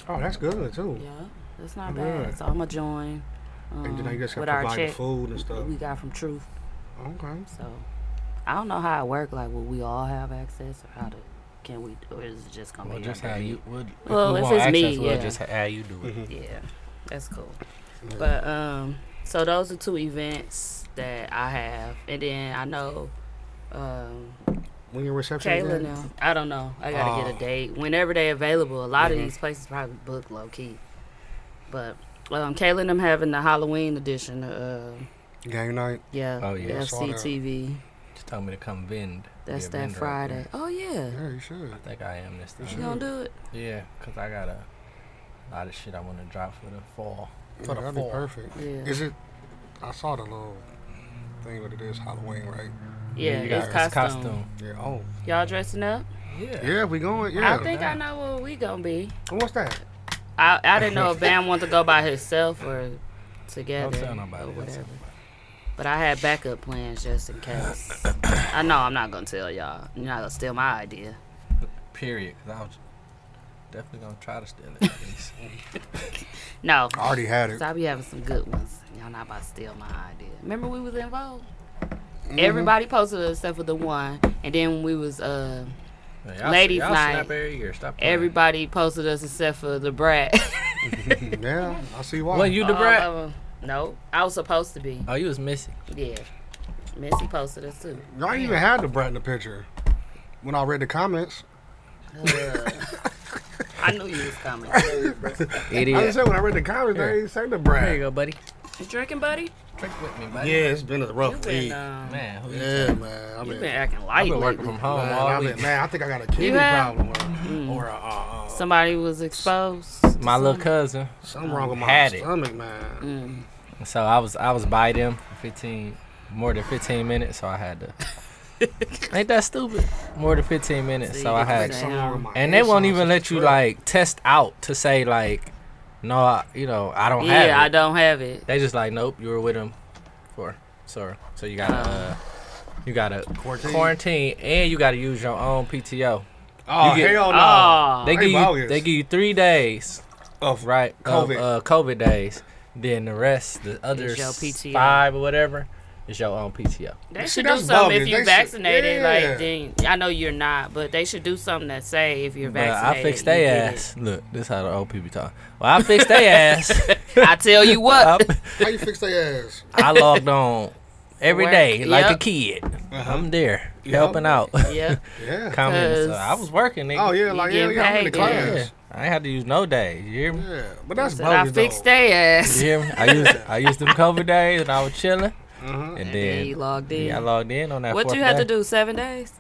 [SPEAKER 7] oh, that's good too.
[SPEAKER 6] Yeah. That's not
[SPEAKER 7] Yeah.
[SPEAKER 6] bad. So I'm going to join um,
[SPEAKER 7] And then I just got
[SPEAKER 6] with our
[SPEAKER 7] provide the
[SPEAKER 6] check
[SPEAKER 7] food and stuff.
[SPEAKER 6] that we got from Truth.
[SPEAKER 7] Okay.
[SPEAKER 6] So I don't know how it work. Like, will we all have access or how to. Can we, or is it just gonna
[SPEAKER 8] Well,
[SPEAKER 6] be
[SPEAKER 8] just
[SPEAKER 6] under
[SPEAKER 8] how
[SPEAKER 6] me?
[SPEAKER 8] you would. If
[SPEAKER 6] Well,
[SPEAKER 8] we
[SPEAKER 6] if
[SPEAKER 8] want
[SPEAKER 6] it's me,
[SPEAKER 8] access, we'll
[SPEAKER 6] yeah.
[SPEAKER 8] Just how you do it.
[SPEAKER 6] Yeah, that's cool. But um, so those are two events that I have, and then I know um,
[SPEAKER 7] When your reception is
[SPEAKER 6] Kayla
[SPEAKER 7] there?
[SPEAKER 6] now. I don't know. I gotta get
[SPEAKER 7] Oh.
[SPEAKER 6] a date whenever they available. A lot of
[SPEAKER 8] Mm-hmm.
[SPEAKER 6] these places probably book low key, but um, Kayla and them having the Halloween edition. Uh,
[SPEAKER 7] game night.
[SPEAKER 6] yeah,
[SPEAKER 8] Oh, yeah.
[SPEAKER 7] Saw that.
[SPEAKER 6] FCTV.
[SPEAKER 8] She told me to come vend. be
[SPEAKER 6] That's
[SPEAKER 8] a
[SPEAKER 6] that
[SPEAKER 8] vendor out
[SPEAKER 6] Friday.
[SPEAKER 8] there.
[SPEAKER 6] Oh yeah,
[SPEAKER 7] Yeah, you should.
[SPEAKER 8] I think I am this
[SPEAKER 6] you
[SPEAKER 8] time.
[SPEAKER 6] gonna do it?
[SPEAKER 8] Yeah, cause I got a lot of shit I want to drop for the fall.
[SPEAKER 7] Yeah,
[SPEAKER 8] For the
[SPEAKER 7] that'd be
[SPEAKER 8] fall.
[SPEAKER 7] perfect.
[SPEAKER 6] Yeah.
[SPEAKER 7] Is it? I saw the little thing what it is. Halloween, right?
[SPEAKER 6] Yeah,
[SPEAKER 8] you
[SPEAKER 6] it's costume.
[SPEAKER 7] Yeah. Oh.
[SPEAKER 6] Y'all dressing up?
[SPEAKER 8] Yeah.
[SPEAKER 7] Yeah, we going. Yeah.
[SPEAKER 6] I think I know where we gonna be.
[SPEAKER 7] What's that?
[SPEAKER 6] I, I didn't
[SPEAKER 8] [laughs]
[SPEAKER 6] know if Bam wanted to go by himself or together.
[SPEAKER 8] Don't tell nobody.
[SPEAKER 6] or
[SPEAKER 8] Don't
[SPEAKER 6] whatever.
[SPEAKER 8] tell
[SPEAKER 6] But I had backup plans just in case.
[SPEAKER 8] [coughs]
[SPEAKER 6] I know I'm not gonna tell y'all. You're not gonna steal my idea.
[SPEAKER 8] nobody. Period. Cause I was definitely gonna try to steal [laughs] it. at least.
[SPEAKER 6] No.
[SPEAKER 7] I already had it.
[SPEAKER 6] So I be having some good ones. Y'all not about to steal my idea. Remember we was involved?
[SPEAKER 8] Mm-hmm.
[SPEAKER 6] Everybody posted it except for the one. And then when we was uh
[SPEAKER 8] Man, y'all-
[SPEAKER 6] Ladies'
[SPEAKER 8] y'all
[SPEAKER 6] night.
[SPEAKER 8] Snap every year. Stop. playing.
[SPEAKER 6] everybody posted us except for the brat.
[SPEAKER 7] [laughs] yeah. I see why.
[SPEAKER 8] Well, you the
[SPEAKER 6] All
[SPEAKER 8] brat.
[SPEAKER 6] of 'em. No. I was supposed to be.
[SPEAKER 8] Oh, you was missing.
[SPEAKER 6] Yeah. Missy posted us too.
[SPEAKER 7] Y'all even had the brat in the picture. When I read the comments,
[SPEAKER 6] Uh, I knew you was coming.
[SPEAKER 7] I
[SPEAKER 8] Idiot.
[SPEAKER 7] just said when I read the comments,
[SPEAKER 8] Yeah.
[SPEAKER 7] they ain't say the
[SPEAKER 8] There you
[SPEAKER 7] brat.
[SPEAKER 8] go, buddy.
[SPEAKER 6] You drinking, buddy?
[SPEAKER 8] Drink with me, buddy.
[SPEAKER 7] Yeah, it's been a rough
[SPEAKER 6] You've
[SPEAKER 7] week.
[SPEAKER 6] been, um,
[SPEAKER 8] Man, who you
[SPEAKER 7] yeah, man. I
[SPEAKER 6] you
[SPEAKER 7] mean,
[SPEAKER 6] been acting light.
[SPEAKER 8] I've been working
[SPEAKER 6] lately.
[SPEAKER 8] from home
[SPEAKER 7] man,
[SPEAKER 8] all
[SPEAKER 7] I
[SPEAKER 8] week.
[SPEAKER 7] mean, man, I think I got a kidney
[SPEAKER 6] have- Mm-hmm.
[SPEAKER 7] problem or, or a, uh, uh,
[SPEAKER 6] Somebody was exposed. to
[SPEAKER 8] My little
[SPEAKER 6] some-
[SPEAKER 8] cousin.
[SPEAKER 7] something wrong with my
[SPEAKER 8] Had it.
[SPEAKER 7] stomach,
[SPEAKER 6] Mm-hmm.
[SPEAKER 7] man.
[SPEAKER 8] So I was I was by them for fifteen more than fifteen minutes, so I
[SPEAKER 6] [laughs]
[SPEAKER 8] had to. Ain't that stupid? More than fifteen minutes,
[SPEAKER 6] See,
[SPEAKER 8] so I
[SPEAKER 6] it's
[SPEAKER 8] had.
[SPEAKER 6] like
[SPEAKER 7] Something wrong with my
[SPEAKER 8] And they won't
[SPEAKER 7] insides.
[SPEAKER 8] even let you like test out to say like, no, I, you know I don't have.
[SPEAKER 6] Yeah,
[SPEAKER 8] it.
[SPEAKER 6] I don't have it.
[SPEAKER 8] They just like, nope, you were with him for so so you gotta uh, you gotta quarantine. and you gotta use your own PTO.
[SPEAKER 7] Oh,
[SPEAKER 8] You get-
[SPEAKER 7] hell no.
[SPEAKER 6] Oh,
[SPEAKER 8] They
[SPEAKER 7] They
[SPEAKER 8] give you
[SPEAKER 7] bogus.
[SPEAKER 8] they give you three days
[SPEAKER 7] Of
[SPEAKER 8] right COVID
[SPEAKER 7] COVID.
[SPEAKER 8] uh, COVID days. Then the rest, the other
[SPEAKER 6] your
[SPEAKER 8] s-
[SPEAKER 6] PTO.
[SPEAKER 8] five or whatever, is your own PTO.
[SPEAKER 6] they
[SPEAKER 7] See,
[SPEAKER 6] should do
[SPEAKER 7] that's
[SPEAKER 6] something
[SPEAKER 7] bogus.
[SPEAKER 6] if
[SPEAKER 7] They
[SPEAKER 6] you
[SPEAKER 7] should-
[SPEAKER 6] vaccinated.
[SPEAKER 7] yeah.
[SPEAKER 6] Like, then I know you're not, but they should do something that say if you're
[SPEAKER 8] But
[SPEAKER 6] vaccinated.
[SPEAKER 8] I fixed
[SPEAKER 6] you
[SPEAKER 8] their
[SPEAKER 6] get
[SPEAKER 8] ass. Look, this how the old people talk. Well, I fixed their
[SPEAKER 6] [laughs]
[SPEAKER 8] ass.
[SPEAKER 6] it. I tell you
[SPEAKER 8] I, [laughs]
[SPEAKER 6] what.
[SPEAKER 7] How you fix their ass?
[SPEAKER 8] I logged on every
[SPEAKER 6] Work,
[SPEAKER 8] day like a
[SPEAKER 6] yep.
[SPEAKER 8] kid.
[SPEAKER 7] Uh-huh.
[SPEAKER 8] I'm there
[SPEAKER 6] [laughs]
[SPEAKER 8] helping out. [laughs]
[SPEAKER 6] yep.
[SPEAKER 7] Um, Yeah.
[SPEAKER 8] Comments. Uh,
[SPEAKER 6] 'Cause-
[SPEAKER 8] I was working. Nigga.
[SPEAKER 7] Oh yeah, like yeah,
[SPEAKER 6] get
[SPEAKER 7] yeah, I'm in the
[SPEAKER 6] paid, yeah.
[SPEAKER 7] class.
[SPEAKER 8] I ain't had to use no days. You hear me?
[SPEAKER 6] [laughs]
[SPEAKER 7] Yeah, but that's
[SPEAKER 6] Said I
[SPEAKER 7] bogus
[SPEAKER 6] fixed
[SPEAKER 7] though.
[SPEAKER 6] their
[SPEAKER 8] You
[SPEAKER 6] ass.
[SPEAKER 8] hear me? I used I used them COVID days and I was chilling. And
[SPEAKER 6] Then you
[SPEAKER 8] then
[SPEAKER 6] logged in.
[SPEAKER 8] yeah, I logged in on that.
[SPEAKER 6] what
[SPEAKER 8] fourth
[SPEAKER 6] you had
[SPEAKER 8] day.
[SPEAKER 6] to do? Seven days.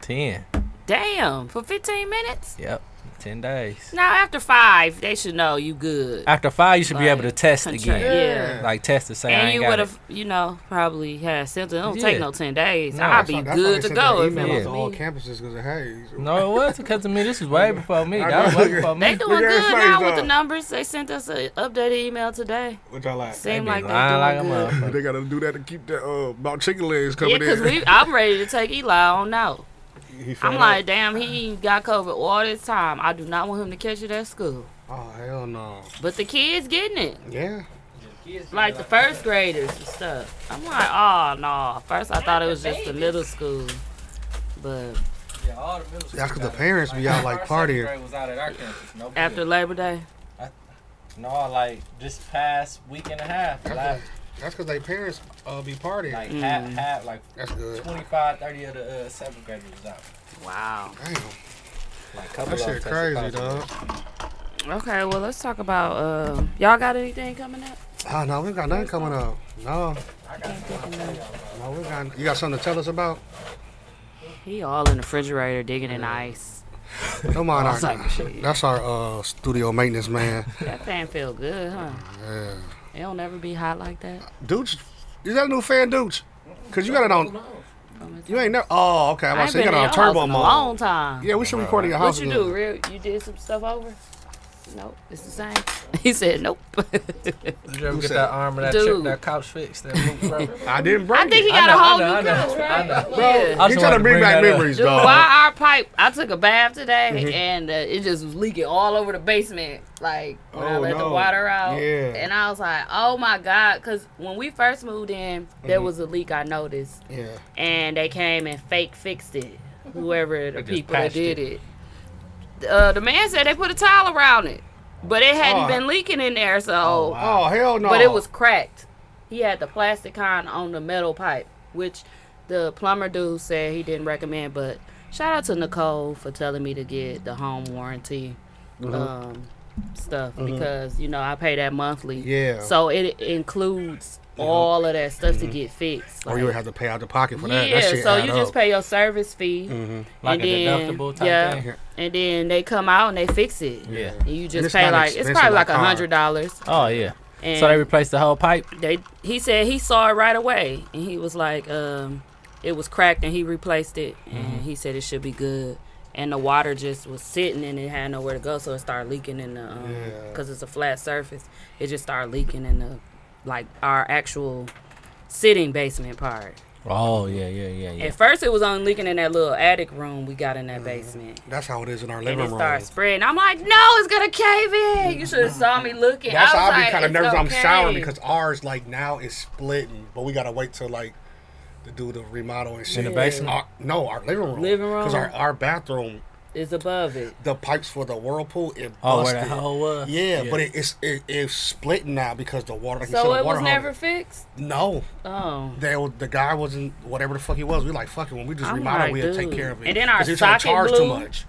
[SPEAKER 8] Ten.
[SPEAKER 6] Damn, for 15 minutes.
[SPEAKER 8] Yep. Ten days.
[SPEAKER 6] Now after five, they should know you good.
[SPEAKER 8] After five, you should be able to
[SPEAKER 6] Like,
[SPEAKER 8] test
[SPEAKER 6] Contra-
[SPEAKER 8] again.
[SPEAKER 6] Yeah.
[SPEAKER 8] Like test to say I
[SPEAKER 6] And
[SPEAKER 8] ain't
[SPEAKER 6] you
[SPEAKER 8] got
[SPEAKER 6] would
[SPEAKER 8] it.
[SPEAKER 6] have, you know, probably had symptoms. It don't
[SPEAKER 8] Yeah.
[SPEAKER 6] take no 10 days.
[SPEAKER 8] No,
[SPEAKER 6] i will
[SPEAKER 8] that's
[SPEAKER 6] be
[SPEAKER 7] That's why
[SPEAKER 6] good
[SPEAKER 7] they
[SPEAKER 6] to
[SPEAKER 7] sent that
[SPEAKER 6] go if
[SPEAKER 7] email
[SPEAKER 6] it
[SPEAKER 7] out
[SPEAKER 6] was
[SPEAKER 7] to
[SPEAKER 8] Yeah.
[SPEAKER 7] all
[SPEAKER 6] me.
[SPEAKER 7] campuses because of Hayes.
[SPEAKER 8] No, it was because of me. This was way before me.
[SPEAKER 7] I
[SPEAKER 8] That was
[SPEAKER 7] know.
[SPEAKER 8] way before me.
[SPEAKER 6] They doing
[SPEAKER 7] Look at
[SPEAKER 6] good
[SPEAKER 7] her
[SPEAKER 6] now
[SPEAKER 7] face,
[SPEAKER 6] with the
[SPEAKER 7] dog.
[SPEAKER 6] numbers. They sent us an updated email today.
[SPEAKER 7] What y'all like?
[SPEAKER 8] They
[SPEAKER 6] Seem
[SPEAKER 8] be
[SPEAKER 6] like they're
[SPEAKER 8] lying
[SPEAKER 6] doing
[SPEAKER 8] like a
[SPEAKER 6] good.
[SPEAKER 7] [laughs]
[SPEAKER 8] motherfucker.
[SPEAKER 7] They gotta do that to keep that uh about chicken legs
[SPEAKER 6] Yeah,
[SPEAKER 7] coming
[SPEAKER 6] because
[SPEAKER 7] in.
[SPEAKER 6] we, I'm ready to take Eli on out.
[SPEAKER 7] [laughs] He fed
[SPEAKER 6] I'm
[SPEAKER 7] up.
[SPEAKER 6] like, damn, he ain't got COVID all this time. I do not want him to catch it at school.
[SPEAKER 7] oh hell no.
[SPEAKER 6] But the kids getting it,
[SPEAKER 7] Yeah.
[SPEAKER 6] like the first graders and stuff. I'm like, oh no. First I thought it was just the middle school, but
[SPEAKER 8] Yeah, all the middle school
[SPEAKER 7] That's 'cause the
[SPEAKER 8] got it.
[SPEAKER 7] parents be out, like,
[SPEAKER 8] our second
[SPEAKER 7] partying.
[SPEAKER 8] grade was out at our campus. No
[SPEAKER 6] after
[SPEAKER 8] bull.
[SPEAKER 6] Labor Day,
[SPEAKER 8] no, like this past week and a half, last
[SPEAKER 7] That's because they parents uh, be partying.
[SPEAKER 8] Like half,
[SPEAKER 6] Mm.
[SPEAKER 8] half, like
[SPEAKER 7] That's good.
[SPEAKER 8] 25, 30 of the uh, seventh graders was out.
[SPEAKER 6] Wow.
[SPEAKER 7] Damn,
[SPEAKER 8] Like couple
[SPEAKER 7] that
[SPEAKER 8] of them
[SPEAKER 7] shit
[SPEAKER 8] tested
[SPEAKER 7] crazy,
[SPEAKER 8] positive.
[SPEAKER 7] dog.
[SPEAKER 6] Okay, well let's talk about uh y'all got anything coming up?
[SPEAKER 7] Oh no, we got nothing coming up. No, no, we got. You got something to tell
[SPEAKER 6] [laughs]
[SPEAKER 7] us about?
[SPEAKER 6] He all in the refrigerator digging in ice.
[SPEAKER 7] Come on,
[SPEAKER 6] All type of
[SPEAKER 7] our,
[SPEAKER 6] shit.
[SPEAKER 7] that's our uh, studio
[SPEAKER 6] [laughs]
[SPEAKER 7] maintenance man.
[SPEAKER 6] That fan feel good, huh?
[SPEAKER 7] Yeah.
[SPEAKER 6] It don't ever be hot like that.
[SPEAKER 7] Dooch, you got a new fan, Dooch? Cause you got it on. You ain't never. Oh, okay. I'm
[SPEAKER 6] I
[SPEAKER 7] about
[SPEAKER 6] ain't
[SPEAKER 7] to say you
[SPEAKER 6] been in
[SPEAKER 7] got it
[SPEAKER 6] your
[SPEAKER 7] on
[SPEAKER 6] house
[SPEAKER 7] turbo
[SPEAKER 6] in a long
[SPEAKER 7] mode.
[SPEAKER 6] time.
[SPEAKER 7] Yeah, we should record in your house.
[SPEAKER 6] what you
[SPEAKER 7] again.
[SPEAKER 6] do, real? You did some stuff over? Nope, it's the same. [laughs] He said nope.
[SPEAKER 8] Did you ever
[SPEAKER 7] Who
[SPEAKER 8] get
[SPEAKER 7] said
[SPEAKER 8] that
[SPEAKER 7] it?
[SPEAKER 8] arm and that
[SPEAKER 6] Dude.
[SPEAKER 8] chip, that couch fixed? That moved
[SPEAKER 7] [laughs]
[SPEAKER 8] forever?
[SPEAKER 7] I didn't break
[SPEAKER 6] I think he
[SPEAKER 7] it.
[SPEAKER 6] got
[SPEAKER 8] I know,
[SPEAKER 6] a
[SPEAKER 8] I
[SPEAKER 6] whole
[SPEAKER 8] know, I
[SPEAKER 6] new
[SPEAKER 8] know,
[SPEAKER 6] couch,
[SPEAKER 8] I
[SPEAKER 6] right?
[SPEAKER 8] know.
[SPEAKER 6] Yeah.
[SPEAKER 8] I
[SPEAKER 7] He
[SPEAKER 8] just
[SPEAKER 7] trying
[SPEAKER 8] wanted
[SPEAKER 7] to
[SPEAKER 8] to
[SPEAKER 7] bring
[SPEAKER 8] bring
[SPEAKER 7] back
[SPEAKER 8] that up.
[SPEAKER 7] memories,
[SPEAKER 6] Dude,
[SPEAKER 7] dog.
[SPEAKER 6] why our pipe? I took a bath today
[SPEAKER 7] Mm-hmm.
[SPEAKER 6] and uh, it just was leaking all over the basement. Like when I
[SPEAKER 7] Oh,
[SPEAKER 6] let
[SPEAKER 7] no.
[SPEAKER 6] the water out,
[SPEAKER 7] Yeah.
[SPEAKER 6] and I was like, "Oh my god!" Because when we first moved in, there
[SPEAKER 7] Mm-hmm.
[SPEAKER 6] was a leak I noticed,
[SPEAKER 7] Yeah.
[SPEAKER 6] and they came and fake fixed it. Whoever the
[SPEAKER 8] just
[SPEAKER 6] people that
[SPEAKER 8] patched
[SPEAKER 6] did it, Uh, the man said they put a tile around it, but it hadn't
[SPEAKER 7] Oh.
[SPEAKER 6] been leaking in there. So,
[SPEAKER 7] Oh hell no.
[SPEAKER 6] but it was cracked. He had the plastic kind on the metal pipe, which the plumber dude said he didn't recommend. But shout out to Nicole for telling me to get the home warranty
[SPEAKER 7] Mm-hmm.
[SPEAKER 6] um, stuff because you know I pay that monthly.
[SPEAKER 7] Yeah. Mm-hmm.
[SPEAKER 6] So it includes all of that stuff to get fixed.
[SPEAKER 7] Or you would have to pay out the pocket for Oh, that.
[SPEAKER 6] yeah,
[SPEAKER 7] that shit
[SPEAKER 6] so
[SPEAKER 7] add
[SPEAKER 6] you just
[SPEAKER 7] up. Mm-hmm.
[SPEAKER 6] pay your service fee,
[SPEAKER 8] Like
[SPEAKER 6] And
[SPEAKER 8] a
[SPEAKER 6] then-
[SPEAKER 8] deductible type
[SPEAKER 6] yeah.
[SPEAKER 8] thing.
[SPEAKER 6] and then they come out and they fix it.
[SPEAKER 8] Yeah.
[SPEAKER 6] And you just
[SPEAKER 7] it's
[SPEAKER 6] pay
[SPEAKER 7] not
[SPEAKER 6] like it's
[SPEAKER 7] expensive
[SPEAKER 6] probably
[SPEAKER 7] like
[SPEAKER 6] like a hundred dollars.
[SPEAKER 8] Oh, yeah.
[SPEAKER 6] And
[SPEAKER 8] So they replaced the whole pipe?
[SPEAKER 6] they he said he saw it right away and he was like um it was cracked and he replaced it and
[SPEAKER 7] Mm-hmm.
[SPEAKER 6] he said it should be good and the water just was sitting and it had nowhere to go so it started leaking in the um
[SPEAKER 7] Yeah.
[SPEAKER 6] 'cause cuz it's a flat surface it just started leaking in the like our actual sitting basement part
[SPEAKER 8] Oh, yeah, yeah, yeah, yeah.
[SPEAKER 6] at first it was only leaking in that little attic room we got in that
[SPEAKER 7] Mm-hmm.
[SPEAKER 6] basement
[SPEAKER 7] That's how it is in our
[SPEAKER 6] and
[SPEAKER 7] living
[SPEAKER 6] it
[SPEAKER 7] room.
[SPEAKER 6] started spreading. I'm like, no, it's gonna cave in. You should have saw me looking.
[SPEAKER 7] That's
[SPEAKER 6] I
[SPEAKER 7] why
[SPEAKER 6] was
[SPEAKER 7] I be
[SPEAKER 6] like,
[SPEAKER 7] kind of
[SPEAKER 6] "It's
[SPEAKER 7] nervous. I'm
[SPEAKER 6] okay."
[SPEAKER 7] showering because ours like now is splitting, but we gotta wait till like to do the remodel and shit.
[SPEAKER 8] the basement?
[SPEAKER 7] Our- no, our living room.
[SPEAKER 6] Living room?
[SPEAKER 7] Because our, our bathroom,
[SPEAKER 6] it's above it.
[SPEAKER 7] the pipes for the whirlpool, it
[SPEAKER 8] Oh, where
[SPEAKER 7] busted.
[SPEAKER 8] the hole was?
[SPEAKER 7] yeah, but it, it's it, it's splitting now because the water. Like you said,
[SPEAKER 6] So
[SPEAKER 7] the
[SPEAKER 6] it
[SPEAKER 7] water
[SPEAKER 6] was
[SPEAKER 7] hole-
[SPEAKER 6] never fixed.
[SPEAKER 7] No,
[SPEAKER 6] Oh.
[SPEAKER 7] they, were- the guy wasn't whatever the fuck he was. We like fuck it. When we just
[SPEAKER 6] I'm
[SPEAKER 7] remodel,
[SPEAKER 6] like,
[SPEAKER 7] we'll take
[SPEAKER 6] dude.
[SPEAKER 7] care of it.
[SPEAKER 6] And then our
[SPEAKER 7] 'Cause he was trying to
[SPEAKER 6] socket
[SPEAKER 7] charge
[SPEAKER 6] blew.
[SPEAKER 7] too much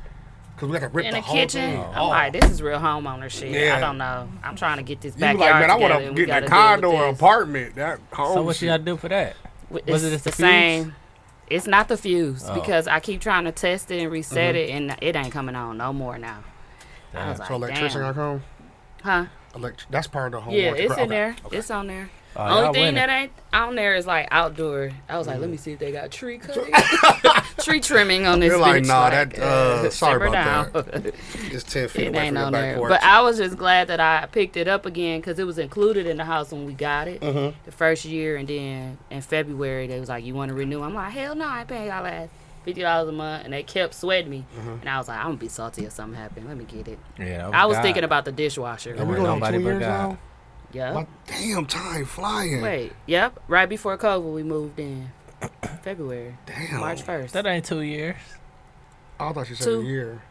[SPEAKER 7] because we got to rip
[SPEAKER 6] in
[SPEAKER 7] the, Oh.
[SPEAKER 6] the,
[SPEAKER 7] whole
[SPEAKER 6] kitchen.
[SPEAKER 7] thing.
[SPEAKER 6] I'm like, this is real homeowner shit.
[SPEAKER 7] Yeah.
[SPEAKER 6] I don't know. I'm trying to get this
[SPEAKER 7] You be
[SPEAKER 6] backyard
[SPEAKER 7] like, man, I
[SPEAKER 6] together.
[SPEAKER 7] want to
[SPEAKER 6] and
[SPEAKER 7] get
[SPEAKER 6] we
[SPEAKER 7] in a
[SPEAKER 6] gotta
[SPEAKER 7] condo
[SPEAKER 6] deal
[SPEAKER 7] or
[SPEAKER 6] with this."
[SPEAKER 7] apartment. That home.
[SPEAKER 8] So what you
[SPEAKER 7] shit.
[SPEAKER 8] got to do for that?
[SPEAKER 6] It's
[SPEAKER 8] Was it just
[SPEAKER 6] the
[SPEAKER 8] the
[SPEAKER 6] same?
[SPEAKER 8] fuse? Oh.
[SPEAKER 6] It's not the fuse because I keep trying to test it and reset
[SPEAKER 8] Mm-hmm.
[SPEAKER 6] it, and it ain't coming on no more now. I was like,
[SPEAKER 7] So electrician
[SPEAKER 6] damn.
[SPEAKER 7] got home.
[SPEAKER 6] huh?
[SPEAKER 7] Elect- that's part of the home.
[SPEAKER 6] Yeah,
[SPEAKER 7] warranty.
[SPEAKER 6] it's
[SPEAKER 7] Okay.
[SPEAKER 6] in there. It's on there.
[SPEAKER 8] Oh,
[SPEAKER 6] Only
[SPEAKER 8] y'all
[SPEAKER 6] thing
[SPEAKER 8] winning. Mm-hmm.
[SPEAKER 6] that ain't on there is like outdoor. I was like, let me see if they got tree cutting, [laughs] tree trimming on this.
[SPEAKER 7] They're like,
[SPEAKER 6] bitch,
[SPEAKER 7] nah,
[SPEAKER 6] [laughs]
[SPEAKER 7] that, uh, sorry
[SPEAKER 6] simmer
[SPEAKER 7] about
[SPEAKER 6] down. [laughs] that.
[SPEAKER 7] It's ten
[SPEAKER 6] it
[SPEAKER 7] feet away
[SPEAKER 6] ain't
[SPEAKER 7] from your
[SPEAKER 6] on
[SPEAKER 7] back
[SPEAKER 6] there.
[SPEAKER 7] porch.
[SPEAKER 6] But I was just glad that I picked it up again because it was included in the house when we got it
[SPEAKER 7] Mm-hmm.
[SPEAKER 6] the first year, and then in February they was like, "You want to renew?" I'm like, "Hell no, I ain't paying y'all that fifty dollars a month," and they kept sweating me,
[SPEAKER 7] Mm-hmm.
[SPEAKER 6] and I was like, "I'm gonna be salty if something happened. Let me get it."
[SPEAKER 7] Oh,
[SPEAKER 8] Yeah,
[SPEAKER 6] I was thinking about the dishwasher.
[SPEAKER 8] Don't
[SPEAKER 7] we
[SPEAKER 8] worry,
[SPEAKER 7] going on
[SPEAKER 8] nobody
[SPEAKER 7] two
[SPEAKER 8] but
[SPEAKER 7] years
[SPEAKER 8] God.
[SPEAKER 7] now?
[SPEAKER 6] Yup.
[SPEAKER 7] My damn time flying.
[SPEAKER 6] Wait, yep. Right before COVID, we moved in February,
[SPEAKER 7] Damn.
[SPEAKER 6] March first.
[SPEAKER 8] That ain't two years.
[SPEAKER 7] I thought you said
[SPEAKER 6] Two.
[SPEAKER 7] a year.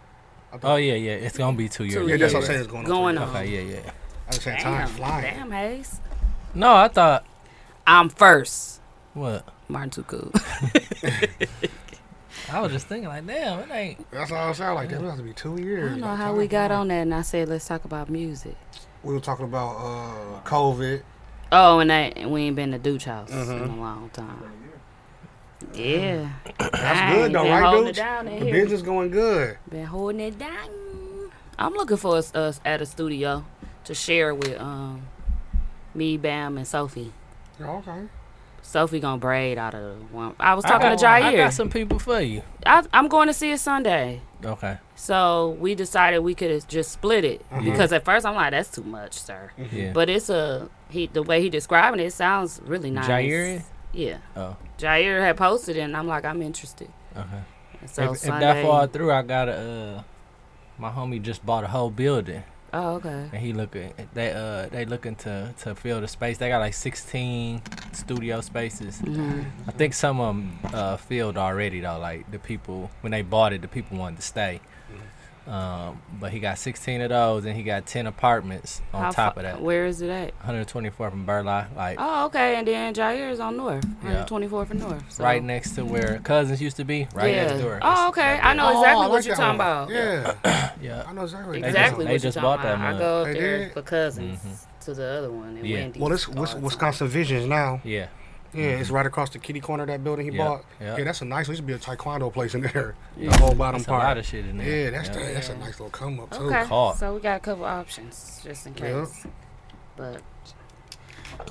[SPEAKER 8] Oh, yeah, yeah. It's going to be two years.
[SPEAKER 7] Yeah, that's what I'm
[SPEAKER 6] years.
[SPEAKER 7] saying. It's going,
[SPEAKER 6] Going
[SPEAKER 7] on.
[SPEAKER 6] on.
[SPEAKER 8] Okay, yeah, yeah.
[SPEAKER 7] I was saying time
[SPEAKER 6] Damn,
[SPEAKER 7] flying.
[SPEAKER 6] damn, Hayes.
[SPEAKER 8] No, I thought,
[SPEAKER 6] I'm first.
[SPEAKER 8] what?
[SPEAKER 6] Martin too cool.
[SPEAKER 8] I was just thinking, like, damn, it ain't.
[SPEAKER 7] That's all I sound like. That must be two years.
[SPEAKER 6] I don't know
[SPEAKER 7] Like,
[SPEAKER 6] how
[SPEAKER 7] time
[SPEAKER 6] we got
[SPEAKER 7] flying.
[SPEAKER 6] on that, and I said let's talk about music.
[SPEAKER 7] We were talking about uh, COVID.
[SPEAKER 6] Oh, and that and we ain't been to Dooch House in a long time. Yeah,
[SPEAKER 7] That's
[SPEAKER 6] I
[SPEAKER 7] good
[SPEAKER 6] ain't
[SPEAKER 7] though,
[SPEAKER 6] been
[SPEAKER 7] right,
[SPEAKER 6] holding it
[SPEAKER 7] dude?
[SPEAKER 6] down in
[SPEAKER 7] The
[SPEAKER 6] here.
[SPEAKER 7] business going good.
[SPEAKER 6] Been holding it down. I'm looking for us, us at a studio to share with um me, Bam, and Sophie.
[SPEAKER 7] Yeah, Okay. Oh,
[SPEAKER 6] Sophie gonna braid out of the one. I was
[SPEAKER 8] I
[SPEAKER 6] talking
[SPEAKER 8] got,
[SPEAKER 6] to
[SPEAKER 8] I
[SPEAKER 6] Jair. I
[SPEAKER 8] got some people for you.
[SPEAKER 6] I'm going to see it Sunday.
[SPEAKER 8] Okay.
[SPEAKER 6] So we decided we could just split it because at first I'm like, that's too much, sir.
[SPEAKER 8] Yeah.
[SPEAKER 6] Mm-hmm. But it's a he the way he describing it sounds really nice.
[SPEAKER 8] Jair?
[SPEAKER 6] Yeah.
[SPEAKER 8] Oh.
[SPEAKER 6] Jair had posted it, and I'm like, I'm interested.
[SPEAKER 8] Okay.
[SPEAKER 6] And so
[SPEAKER 8] if, if
[SPEAKER 6] Sunday.
[SPEAKER 8] that fall through, I got a. Uh, my homie just bought a whole building,
[SPEAKER 6] oh, okay.
[SPEAKER 8] and he looking. They uh they looking to to fill the space. They got like 16 studio spaces.
[SPEAKER 6] Mm-hmm.
[SPEAKER 8] I think some of them uh, filled already though. Like the people when they bought it, the people wanted to stay.
[SPEAKER 6] Mm-hmm.
[SPEAKER 8] Um, but he got 16 of those, and he got 10 apartments on
[SPEAKER 6] How
[SPEAKER 8] top
[SPEAKER 6] fa-
[SPEAKER 8] of that.
[SPEAKER 6] Where is it at?
[SPEAKER 8] 124 from Burla, like
[SPEAKER 6] Oh, okay. And then Jair is on North.
[SPEAKER 8] Yeah.
[SPEAKER 6] 124 for North. So.
[SPEAKER 8] right next to where cousins used to be, right
[SPEAKER 6] yeah.
[SPEAKER 8] next door.
[SPEAKER 6] Oh, okay. I know exactly
[SPEAKER 7] Oh, I
[SPEAKER 6] what
[SPEAKER 7] like
[SPEAKER 6] you're
[SPEAKER 7] that
[SPEAKER 6] talking
[SPEAKER 7] one.
[SPEAKER 6] about.
[SPEAKER 7] Yeah.
[SPEAKER 8] Yeah.
[SPEAKER 7] I know exactly. what you're talking
[SPEAKER 6] Exactly
[SPEAKER 8] they
[SPEAKER 6] what
[SPEAKER 8] just
[SPEAKER 6] you're
[SPEAKER 8] bought
[SPEAKER 6] talking
[SPEAKER 8] that
[SPEAKER 6] about. I
[SPEAKER 8] mug. Mm-hmm.
[SPEAKER 6] go up
[SPEAKER 7] They
[SPEAKER 6] there
[SPEAKER 7] did?
[SPEAKER 6] for cousins to the other one in
[SPEAKER 8] Yeah.
[SPEAKER 6] Wendy's.
[SPEAKER 7] Well, it's
[SPEAKER 6] all
[SPEAKER 7] Wis-
[SPEAKER 6] the time.
[SPEAKER 7] Wisconsin Visions now.
[SPEAKER 8] Yeah.
[SPEAKER 7] Yeah, it's right across the kitty corner of that building he
[SPEAKER 8] Mm-hmm. Yeah,
[SPEAKER 7] bought.
[SPEAKER 8] yeah.
[SPEAKER 7] Yeah. that's a nice. There used to be a taekwondo place in there. The whole bottom
[SPEAKER 8] It's a
[SPEAKER 7] part.
[SPEAKER 8] lot of shit in there.
[SPEAKER 7] Yeah, that's
[SPEAKER 8] Yeah.
[SPEAKER 7] the- that's a nice little come up too.
[SPEAKER 6] Okay.
[SPEAKER 8] call.
[SPEAKER 6] So we got a couple options just in
[SPEAKER 7] Yeah.
[SPEAKER 6] case. But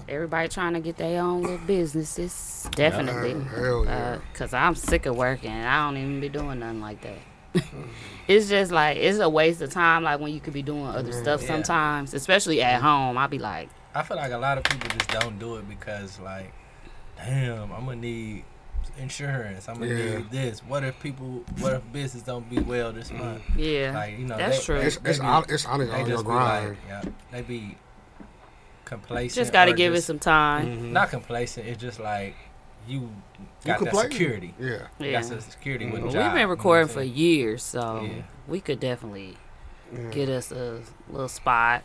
[SPEAKER 6] everybody trying to get their own little businesses. Definitely.
[SPEAKER 7] Hell yeah.
[SPEAKER 6] Because I'm sick of working. I don't even be doing nothing like that.
[SPEAKER 7] Mm-hmm.
[SPEAKER 6] [laughs] it's just like, it's a waste of time, like when you could be doing other
[SPEAKER 7] Mm-hmm.
[SPEAKER 6] stuff sometimes, especially at home. I'll be like,
[SPEAKER 8] I feel like a lot of people just don't do it because, like, damn, I'm gonna need insurance. I'm gonna
[SPEAKER 7] Yeah.
[SPEAKER 8] need this. What if people? What if business don't be well this month?
[SPEAKER 6] yeah.
[SPEAKER 8] Like, you know,
[SPEAKER 6] that's
[SPEAKER 8] they-
[SPEAKER 6] true.
[SPEAKER 7] It's it's
[SPEAKER 8] They
[SPEAKER 7] hon-
[SPEAKER 8] be-
[SPEAKER 7] it's honest
[SPEAKER 8] They
[SPEAKER 7] on your
[SPEAKER 8] just be
[SPEAKER 7] grind.
[SPEAKER 8] like, yeah, they be complacent.
[SPEAKER 6] just got to
[SPEAKER 8] or
[SPEAKER 6] give
[SPEAKER 8] just-
[SPEAKER 6] it some
[SPEAKER 7] Mm-hmm.
[SPEAKER 6] time.
[SPEAKER 8] Not complacent. It's just like Mm-hmm. you got that
[SPEAKER 7] complain.
[SPEAKER 8] security.
[SPEAKER 7] Yeah.
[SPEAKER 8] You
[SPEAKER 6] Yeah.
[SPEAKER 8] got some security with a
[SPEAKER 6] We've
[SPEAKER 8] job, you know
[SPEAKER 6] been
[SPEAKER 8] what
[SPEAKER 6] recording
[SPEAKER 8] I'm
[SPEAKER 6] for
[SPEAKER 8] saying?
[SPEAKER 6] years, so
[SPEAKER 8] Yeah.
[SPEAKER 6] we could definitely get us a little spot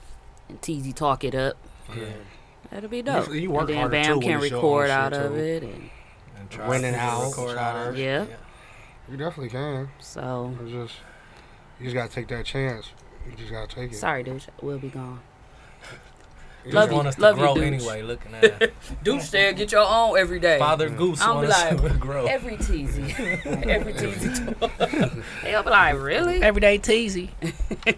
[SPEAKER 6] and TZ talk it up.
[SPEAKER 8] Yeah.
[SPEAKER 6] That'll be dope.
[SPEAKER 7] You- you work
[SPEAKER 6] and then
[SPEAKER 7] harder,
[SPEAKER 6] Bam
[SPEAKER 7] too, when
[SPEAKER 6] can
[SPEAKER 7] it's your own
[SPEAKER 6] record
[SPEAKER 7] shit,
[SPEAKER 6] out of
[SPEAKER 7] too.
[SPEAKER 6] it, and
[SPEAKER 8] And try
[SPEAKER 7] Renting
[SPEAKER 8] to
[SPEAKER 7] out,
[SPEAKER 8] record out of it.
[SPEAKER 6] Yeah.
[SPEAKER 7] You definitely can.
[SPEAKER 6] so
[SPEAKER 7] It's just you just gotta take that chance. You just gotta take it.
[SPEAKER 6] sorry, dude, we'll be gone.
[SPEAKER 7] You
[SPEAKER 8] Just
[SPEAKER 6] Love
[SPEAKER 7] just
[SPEAKER 8] want
[SPEAKER 6] you.
[SPEAKER 8] us to
[SPEAKER 6] Love you,
[SPEAKER 8] grow
[SPEAKER 6] Dooch.
[SPEAKER 8] anyway. Looking at [laughs] it.
[SPEAKER 6] Dude, there, get your own every day.
[SPEAKER 8] Father Goose
[SPEAKER 6] I'm
[SPEAKER 8] wants us
[SPEAKER 6] like,
[SPEAKER 8] to grow.
[SPEAKER 6] Every teasy, every teasy. [laughs] They'll be like, really?
[SPEAKER 3] Everyday teasy.
[SPEAKER 6] [laughs]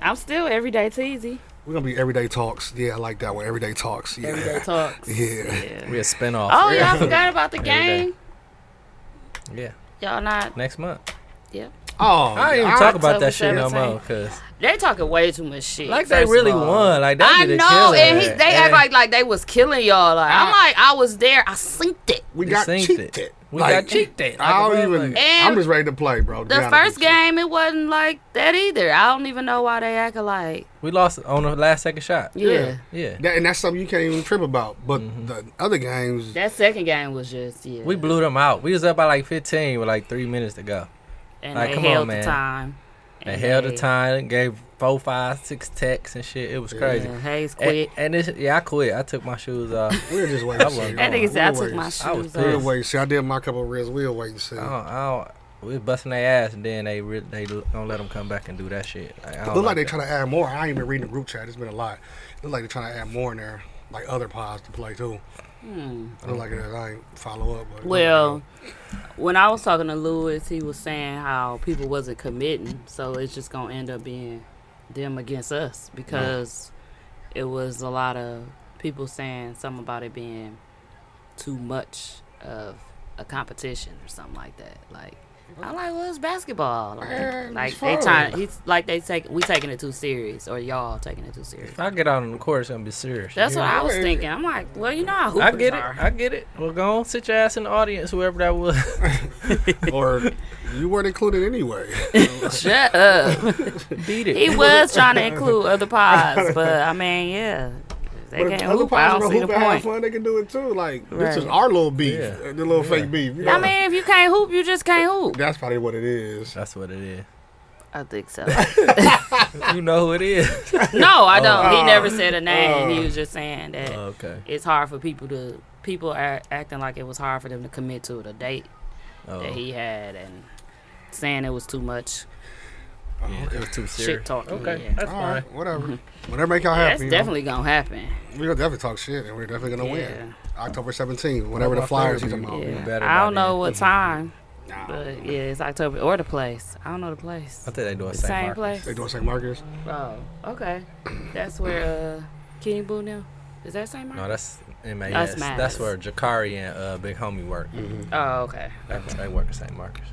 [SPEAKER 6] I'm still everyday teasy.
[SPEAKER 7] We're gonna be everyday talks. Yeah, I like that one. Everyday talks. Yeah.
[SPEAKER 6] Everyday talks.
[SPEAKER 7] Yeah.
[SPEAKER 8] We a spinoff.
[SPEAKER 6] Oh yeah, I forgot about the
[SPEAKER 8] Everyday.
[SPEAKER 6] game.
[SPEAKER 8] Yeah.
[SPEAKER 6] Y'all not?
[SPEAKER 8] Next month.
[SPEAKER 7] Oh,
[SPEAKER 8] I ain't even
[SPEAKER 7] I-
[SPEAKER 8] talk about that shit
[SPEAKER 6] October
[SPEAKER 8] no
[SPEAKER 6] 17th.
[SPEAKER 8] more, cause
[SPEAKER 6] They talking way too much shit.
[SPEAKER 8] like they
[SPEAKER 6] first of
[SPEAKER 8] really
[SPEAKER 6] all.
[SPEAKER 8] won. Like they
[SPEAKER 6] I
[SPEAKER 8] did a
[SPEAKER 6] know,
[SPEAKER 8] killer
[SPEAKER 6] and he,
[SPEAKER 8] at.
[SPEAKER 6] they act
[SPEAKER 8] And
[SPEAKER 6] like like they was killing y'all. Like I'm
[SPEAKER 7] I-
[SPEAKER 6] like, I was there. I seen it.
[SPEAKER 7] we
[SPEAKER 8] we
[SPEAKER 7] got
[SPEAKER 8] synced
[SPEAKER 7] cheated.
[SPEAKER 8] it. We
[SPEAKER 7] Like,
[SPEAKER 8] got cheated. Like a
[SPEAKER 7] I don't even.
[SPEAKER 8] motherfucker.
[SPEAKER 6] And
[SPEAKER 7] I'm just ready to play, bro. to be
[SPEAKER 6] The
[SPEAKER 7] honest
[SPEAKER 6] first
[SPEAKER 7] with you.
[SPEAKER 6] game, it wasn't like that either. I don't even know why they acting like
[SPEAKER 8] We lost on the last second shot.
[SPEAKER 6] yeah.
[SPEAKER 8] Yeah.
[SPEAKER 7] That, and that's something you can't even trip about. But
[SPEAKER 8] Mm-hmm.
[SPEAKER 7] the other games,
[SPEAKER 6] That second game was just yeah.
[SPEAKER 8] We blew them out. We was up by like 15 with like three minutes to go.
[SPEAKER 6] and
[SPEAKER 8] like,
[SPEAKER 6] they
[SPEAKER 8] come on,
[SPEAKER 6] held
[SPEAKER 8] man.
[SPEAKER 6] the time.
[SPEAKER 8] They
[SPEAKER 6] And
[SPEAKER 8] held the
[SPEAKER 6] they-
[SPEAKER 8] time, gave four, five, six texts and shit. It was crazy.
[SPEAKER 6] Yeah, Hayes
[SPEAKER 8] And,
[SPEAKER 6] quit.
[SPEAKER 8] and this, yeah, I quit. I took my shoes off.
[SPEAKER 7] we were just waiting. to
[SPEAKER 8] wasn't
[SPEAKER 7] see.
[SPEAKER 6] That nigga said I
[SPEAKER 7] We'll
[SPEAKER 6] took my
[SPEAKER 7] wait.
[SPEAKER 8] I was
[SPEAKER 6] shoes
[SPEAKER 7] We'll
[SPEAKER 8] pissed.
[SPEAKER 6] off.
[SPEAKER 7] wait. and See, I did my couple of reds. We'll wait and see.
[SPEAKER 8] I don't, I don't, we was busting their ass, and then they re- they don't let them come back and do that shit. Like, I don't
[SPEAKER 7] Look like they
[SPEAKER 8] like that.
[SPEAKER 7] trying to add more. I ain't been reading the group chat. It's been a lot. Look like they trying to add more in there, like other pods to play too. Look like it is. I ain't follow up. But
[SPEAKER 6] Hmm. Well, when I was talking to Lewis, he was saying how people wasn't committing, so it's just gonna end up being them against us because it was a lot of people saying something about it being too much of a competition or something like that. Like I'm like, well, it's basketball. Like, like they trying, he's like they take we taking it too serious, or y'all taking it too serious.
[SPEAKER 8] If I get out on the court, it's gonna be serious.
[SPEAKER 6] That's what I was thinking. I'm like, well, you know how hoopers
[SPEAKER 8] I get it.
[SPEAKER 6] are.
[SPEAKER 8] I get it. Well, go on, sit your ass in the audience, whoever that was.
[SPEAKER 7] [laughs]
[SPEAKER 8] [laughs]
[SPEAKER 7] or you weren't included anyway.
[SPEAKER 6] [laughs] Shut up.
[SPEAKER 8] Beat it.
[SPEAKER 6] He
[SPEAKER 7] [laughs]
[SPEAKER 6] was trying to include other pods, but I mean, yeah. They
[SPEAKER 7] But
[SPEAKER 6] can't
[SPEAKER 7] if other
[SPEAKER 6] hoop. I
[SPEAKER 7] pods
[SPEAKER 6] don't
[SPEAKER 7] want
[SPEAKER 6] see the
[SPEAKER 7] to hoop and have
[SPEAKER 6] point.
[SPEAKER 7] fun, they can do it too. Like this is
[SPEAKER 6] Right.
[SPEAKER 7] our little beef,
[SPEAKER 8] Yeah.
[SPEAKER 7] the little fake beef. you
[SPEAKER 6] I
[SPEAKER 7] know?
[SPEAKER 6] mean, if you can't hoop, you just can't hoop.
[SPEAKER 7] that's probably what it is.
[SPEAKER 8] That's what it is.
[SPEAKER 6] I think
[SPEAKER 7] [laughs]
[SPEAKER 6] so.
[SPEAKER 8] You know who it is.
[SPEAKER 6] [laughs] No, I don't. he never said a name.
[SPEAKER 7] Oh.
[SPEAKER 6] he was just saying that
[SPEAKER 8] okay.
[SPEAKER 6] it's hard for people to. People are acting like it was hard for them to commit to the date
[SPEAKER 8] Oh,
[SPEAKER 6] that
[SPEAKER 8] yeah,
[SPEAKER 6] he had and saying it was too much
[SPEAKER 8] it was too
[SPEAKER 6] shit
[SPEAKER 8] serious.
[SPEAKER 6] talking.
[SPEAKER 8] Okay,
[SPEAKER 6] Yeah.
[SPEAKER 8] that's
[SPEAKER 7] All
[SPEAKER 8] fine.
[SPEAKER 7] right, whatever. Whatever make y'all
[SPEAKER 6] That's
[SPEAKER 7] happy.
[SPEAKER 6] Mm-hmm.
[SPEAKER 7] you know? Oh,
[SPEAKER 6] definitely gonna happen.
[SPEAKER 7] We're gonna definitely talk shit, and we're definitely gonna win. October 17th, whenever
[SPEAKER 8] Well,
[SPEAKER 7] the
[SPEAKER 8] my
[SPEAKER 7] Flyers
[SPEAKER 8] favorite
[SPEAKER 7] come out.
[SPEAKER 8] people.
[SPEAKER 6] Yeah.
[SPEAKER 8] better
[SPEAKER 6] I
[SPEAKER 8] by
[SPEAKER 6] don't know
[SPEAKER 8] then.
[SPEAKER 6] what time,
[SPEAKER 7] Nah.
[SPEAKER 6] but yeah, it's October or the place. I don't know the place.
[SPEAKER 8] I think they do a
[SPEAKER 6] The same
[SPEAKER 8] same
[SPEAKER 6] place.
[SPEAKER 7] They doing St. Marcus.
[SPEAKER 6] Oh, okay. That's where uh Kenny Boo now. Is that St.
[SPEAKER 8] No,
[SPEAKER 6] Martin?
[SPEAKER 8] that's MAS.
[SPEAKER 6] Mass.
[SPEAKER 8] That's where Jakari and uh, Big Homie work.
[SPEAKER 6] oh, okay.
[SPEAKER 8] They, they work at St. Marcus.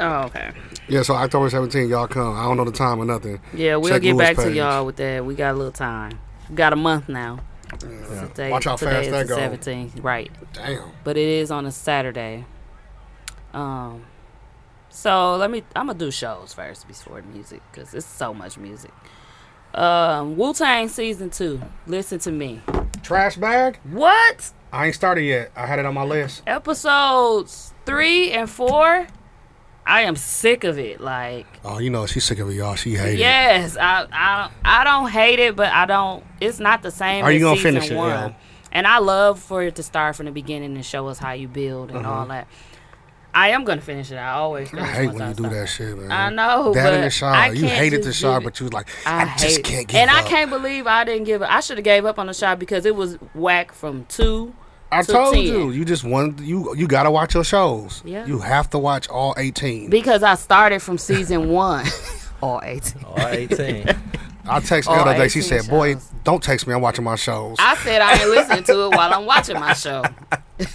[SPEAKER 6] Oh, okay.
[SPEAKER 7] Yeah, so October 17th, y'all come. I don't know the time or nothing.
[SPEAKER 6] Yeah, we'll
[SPEAKER 7] Check
[SPEAKER 6] get
[SPEAKER 7] Lewis
[SPEAKER 6] back to
[SPEAKER 7] page.
[SPEAKER 6] y'all with that. We got a little time. We got a month now. Today,
[SPEAKER 7] Watch how
[SPEAKER 6] today
[SPEAKER 7] fast that
[SPEAKER 6] is the
[SPEAKER 7] go.
[SPEAKER 6] 17th, right?
[SPEAKER 7] Damn.
[SPEAKER 6] But it is on a Saturday. Um, so let me. I'm gonna do shows first before music because it's so much music. Um, Wu Tang season two. Listen to me.
[SPEAKER 7] Trash bag?
[SPEAKER 6] What?
[SPEAKER 7] I ain't started yet. I had it on my list.
[SPEAKER 6] episodes three and four, I am sick of it. Like,
[SPEAKER 7] Oh, you know she's sick of it, y'all. She hated it.
[SPEAKER 6] yes, I, I, I don't hate it, but I don't. It's not the same.
[SPEAKER 7] Are you
[SPEAKER 6] as
[SPEAKER 7] gonna
[SPEAKER 6] season
[SPEAKER 7] finish it?
[SPEAKER 6] One.
[SPEAKER 7] Yeah.
[SPEAKER 6] And I love for it to start from the beginning and show us how you build and all that. I am gonna finish it. I always.
[SPEAKER 7] Uh-huh. I
[SPEAKER 6] Finish
[SPEAKER 7] hate
[SPEAKER 6] once
[SPEAKER 7] when
[SPEAKER 6] I
[SPEAKER 7] you do
[SPEAKER 6] start.
[SPEAKER 7] that shit, man.
[SPEAKER 6] I know,
[SPEAKER 7] That and
[SPEAKER 6] but
[SPEAKER 7] the
[SPEAKER 6] I
[SPEAKER 7] shot. You
[SPEAKER 6] can't
[SPEAKER 7] hated the
[SPEAKER 6] just
[SPEAKER 7] shot,
[SPEAKER 6] give
[SPEAKER 7] but you was like,
[SPEAKER 6] I,
[SPEAKER 7] I, just
[SPEAKER 6] hate
[SPEAKER 7] can't
[SPEAKER 6] it.
[SPEAKER 7] give
[SPEAKER 6] And
[SPEAKER 7] up.
[SPEAKER 6] I can't believe I didn't give up. I should have gave up on the shot because it was whack from two.
[SPEAKER 7] I
[SPEAKER 6] to
[SPEAKER 7] told
[SPEAKER 6] 10.
[SPEAKER 7] you, you just one. You you gotta watch your shows.
[SPEAKER 6] Yeah.
[SPEAKER 7] You have to watch all eighteen.
[SPEAKER 6] Because I started from season [laughs]
[SPEAKER 7] [laughs]
[SPEAKER 6] one.
[SPEAKER 7] Oh,
[SPEAKER 6] All 18.
[SPEAKER 8] All 18.
[SPEAKER 7] I text
[SPEAKER 6] all
[SPEAKER 7] the other day. She
[SPEAKER 6] 18
[SPEAKER 7] said, "Boy,
[SPEAKER 6] shows.
[SPEAKER 7] don't text me. I'm watching my shows."
[SPEAKER 6] I said I ain't listening to it while I'm watching my show.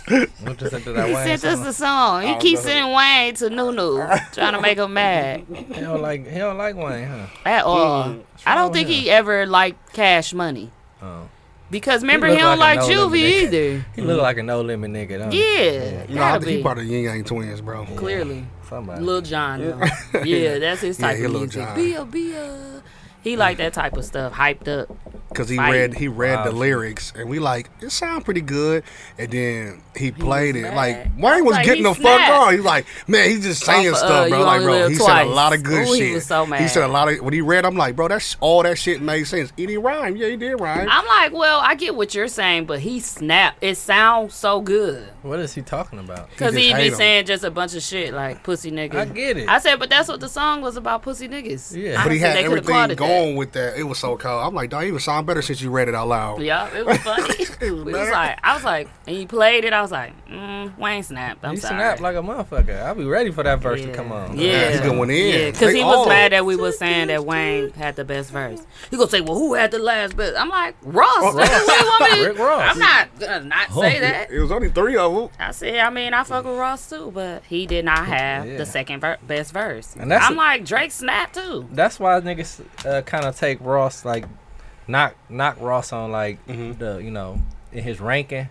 [SPEAKER 8] What just into that
[SPEAKER 6] He
[SPEAKER 8] Wayne
[SPEAKER 6] sent us
[SPEAKER 8] song?
[SPEAKER 6] the song. He keeps sending Wayne to Nunu, trying to make him mad
[SPEAKER 8] He don't like he don't like Wayne, huh?
[SPEAKER 6] at all. I
[SPEAKER 8] wrong
[SPEAKER 6] don't think
[SPEAKER 8] with
[SPEAKER 6] he ever liked Cash Money.
[SPEAKER 8] Oh.
[SPEAKER 6] Because remember,
[SPEAKER 8] look
[SPEAKER 6] he, don't
[SPEAKER 8] like
[SPEAKER 6] like,
[SPEAKER 8] a no
[SPEAKER 6] Juvie
[SPEAKER 8] limit
[SPEAKER 6] either.
[SPEAKER 8] He look like a no limit nigga, don't he?
[SPEAKER 6] Yeah.
[SPEAKER 7] you know, I
[SPEAKER 6] gotta
[SPEAKER 7] think he
[SPEAKER 6] be.
[SPEAKER 7] part of Yin Yang Twins, bro.
[SPEAKER 6] [laughs] Clearly.
[SPEAKER 8] Somebody.
[SPEAKER 6] Lil John. though. Yeah, that's his
[SPEAKER 7] Yeah,
[SPEAKER 6] type
[SPEAKER 7] he
[SPEAKER 6] of
[SPEAKER 7] Lil
[SPEAKER 6] music.
[SPEAKER 7] Jon.
[SPEAKER 6] Be a, be a. He like that type of stuff, hyped up.
[SPEAKER 7] Cause he
[SPEAKER 6] Fight.
[SPEAKER 7] read he read
[SPEAKER 8] Wow.
[SPEAKER 7] the lyrics, and we like it sound pretty good. And then he played it
[SPEAKER 6] mad.
[SPEAKER 7] like Wayne was
[SPEAKER 6] Like,
[SPEAKER 7] getting
[SPEAKER 6] he
[SPEAKER 7] the fuck
[SPEAKER 6] snapped.
[SPEAKER 7] on. He like, man, he's just saying
[SPEAKER 6] Off of, uh,
[SPEAKER 7] stuff, bro.
[SPEAKER 6] You
[SPEAKER 7] Like,
[SPEAKER 6] Only
[SPEAKER 7] bro,
[SPEAKER 6] Live
[SPEAKER 7] he said a
[SPEAKER 6] Twice.
[SPEAKER 7] lot of good
[SPEAKER 6] Ooh, he
[SPEAKER 7] shit.
[SPEAKER 6] was so
[SPEAKER 7] He
[SPEAKER 6] mad.
[SPEAKER 7] said a lot of when he read, I'm like, bro, that's all that shit made sense. It didn't rhyme. Yeah, he did rhyme.
[SPEAKER 6] I'm like, well, I get what you're saying, but he snapped. It sounds so good.
[SPEAKER 8] What is he talking about?
[SPEAKER 6] Cause
[SPEAKER 7] just
[SPEAKER 6] he be
[SPEAKER 7] hate 'em.
[SPEAKER 6] saying just a bunch of shit like pussy nigga.
[SPEAKER 8] I get it.
[SPEAKER 6] I said, but that's what the song was about, pussy niggas.
[SPEAKER 8] Yeah.
[SPEAKER 6] I
[SPEAKER 8] But
[SPEAKER 7] But he
[SPEAKER 6] said
[SPEAKER 7] had
[SPEAKER 6] they coulda
[SPEAKER 7] everything
[SPEAKER 6] applauded
[SPEAKER 7] going with that. It was so cold. I'm like, dog, even sound better since you read it out loud.
[SPEAKER 6] That. Yeah, it was
[SPEAKER 7] [laughs]
[SPEAKER 6] funny. we was like, I was like, and he played it. I was like, mm, Wayne snapped. I'm
[SPEAKER 8] He
[SPEAKER 6] sorry.
[SPEAKER 8] snapped like a motherfucker. I'll be ready for that verse
[SPEAKER 6] yeah.
[SPEAKER 8] to come on.
[SPEAKER 6] Yeah,
[SPEAKER 7] He going in.
[SPEAKER 6] Yeah, because
[SPEAKER 7] They
[SPEAKER 6] he was
[SPEAKER 7] all-
[SPEAKER 6] mad that we were saying that Wayne had the best verse. He gonna say, "Well, who had the last best?" I'm like, Ross. That's what [laughs] you want me to-
[SPEAKER 8] Rick Ross.
[SPEAKER 6] I'm not gonna not say that.
[SPEAKER 7] It was only three of them.
[SPEAKER 6] I said, I mean, I fuck with Ross too, but he did not have
[SPEAKER 8] Mm. Yeah.
[SPEAKER 6] the second ver- best verse.
[SPEAKER 8] And that's
[SPEAKER 6] I'm
[SPEAKER 8] a-
[SPEAKER 6] like Drake snapped too.
[SPEAKER 8] That's why niggas uh, kind of take Ross like, knock knock Ross on like the you know in his ranking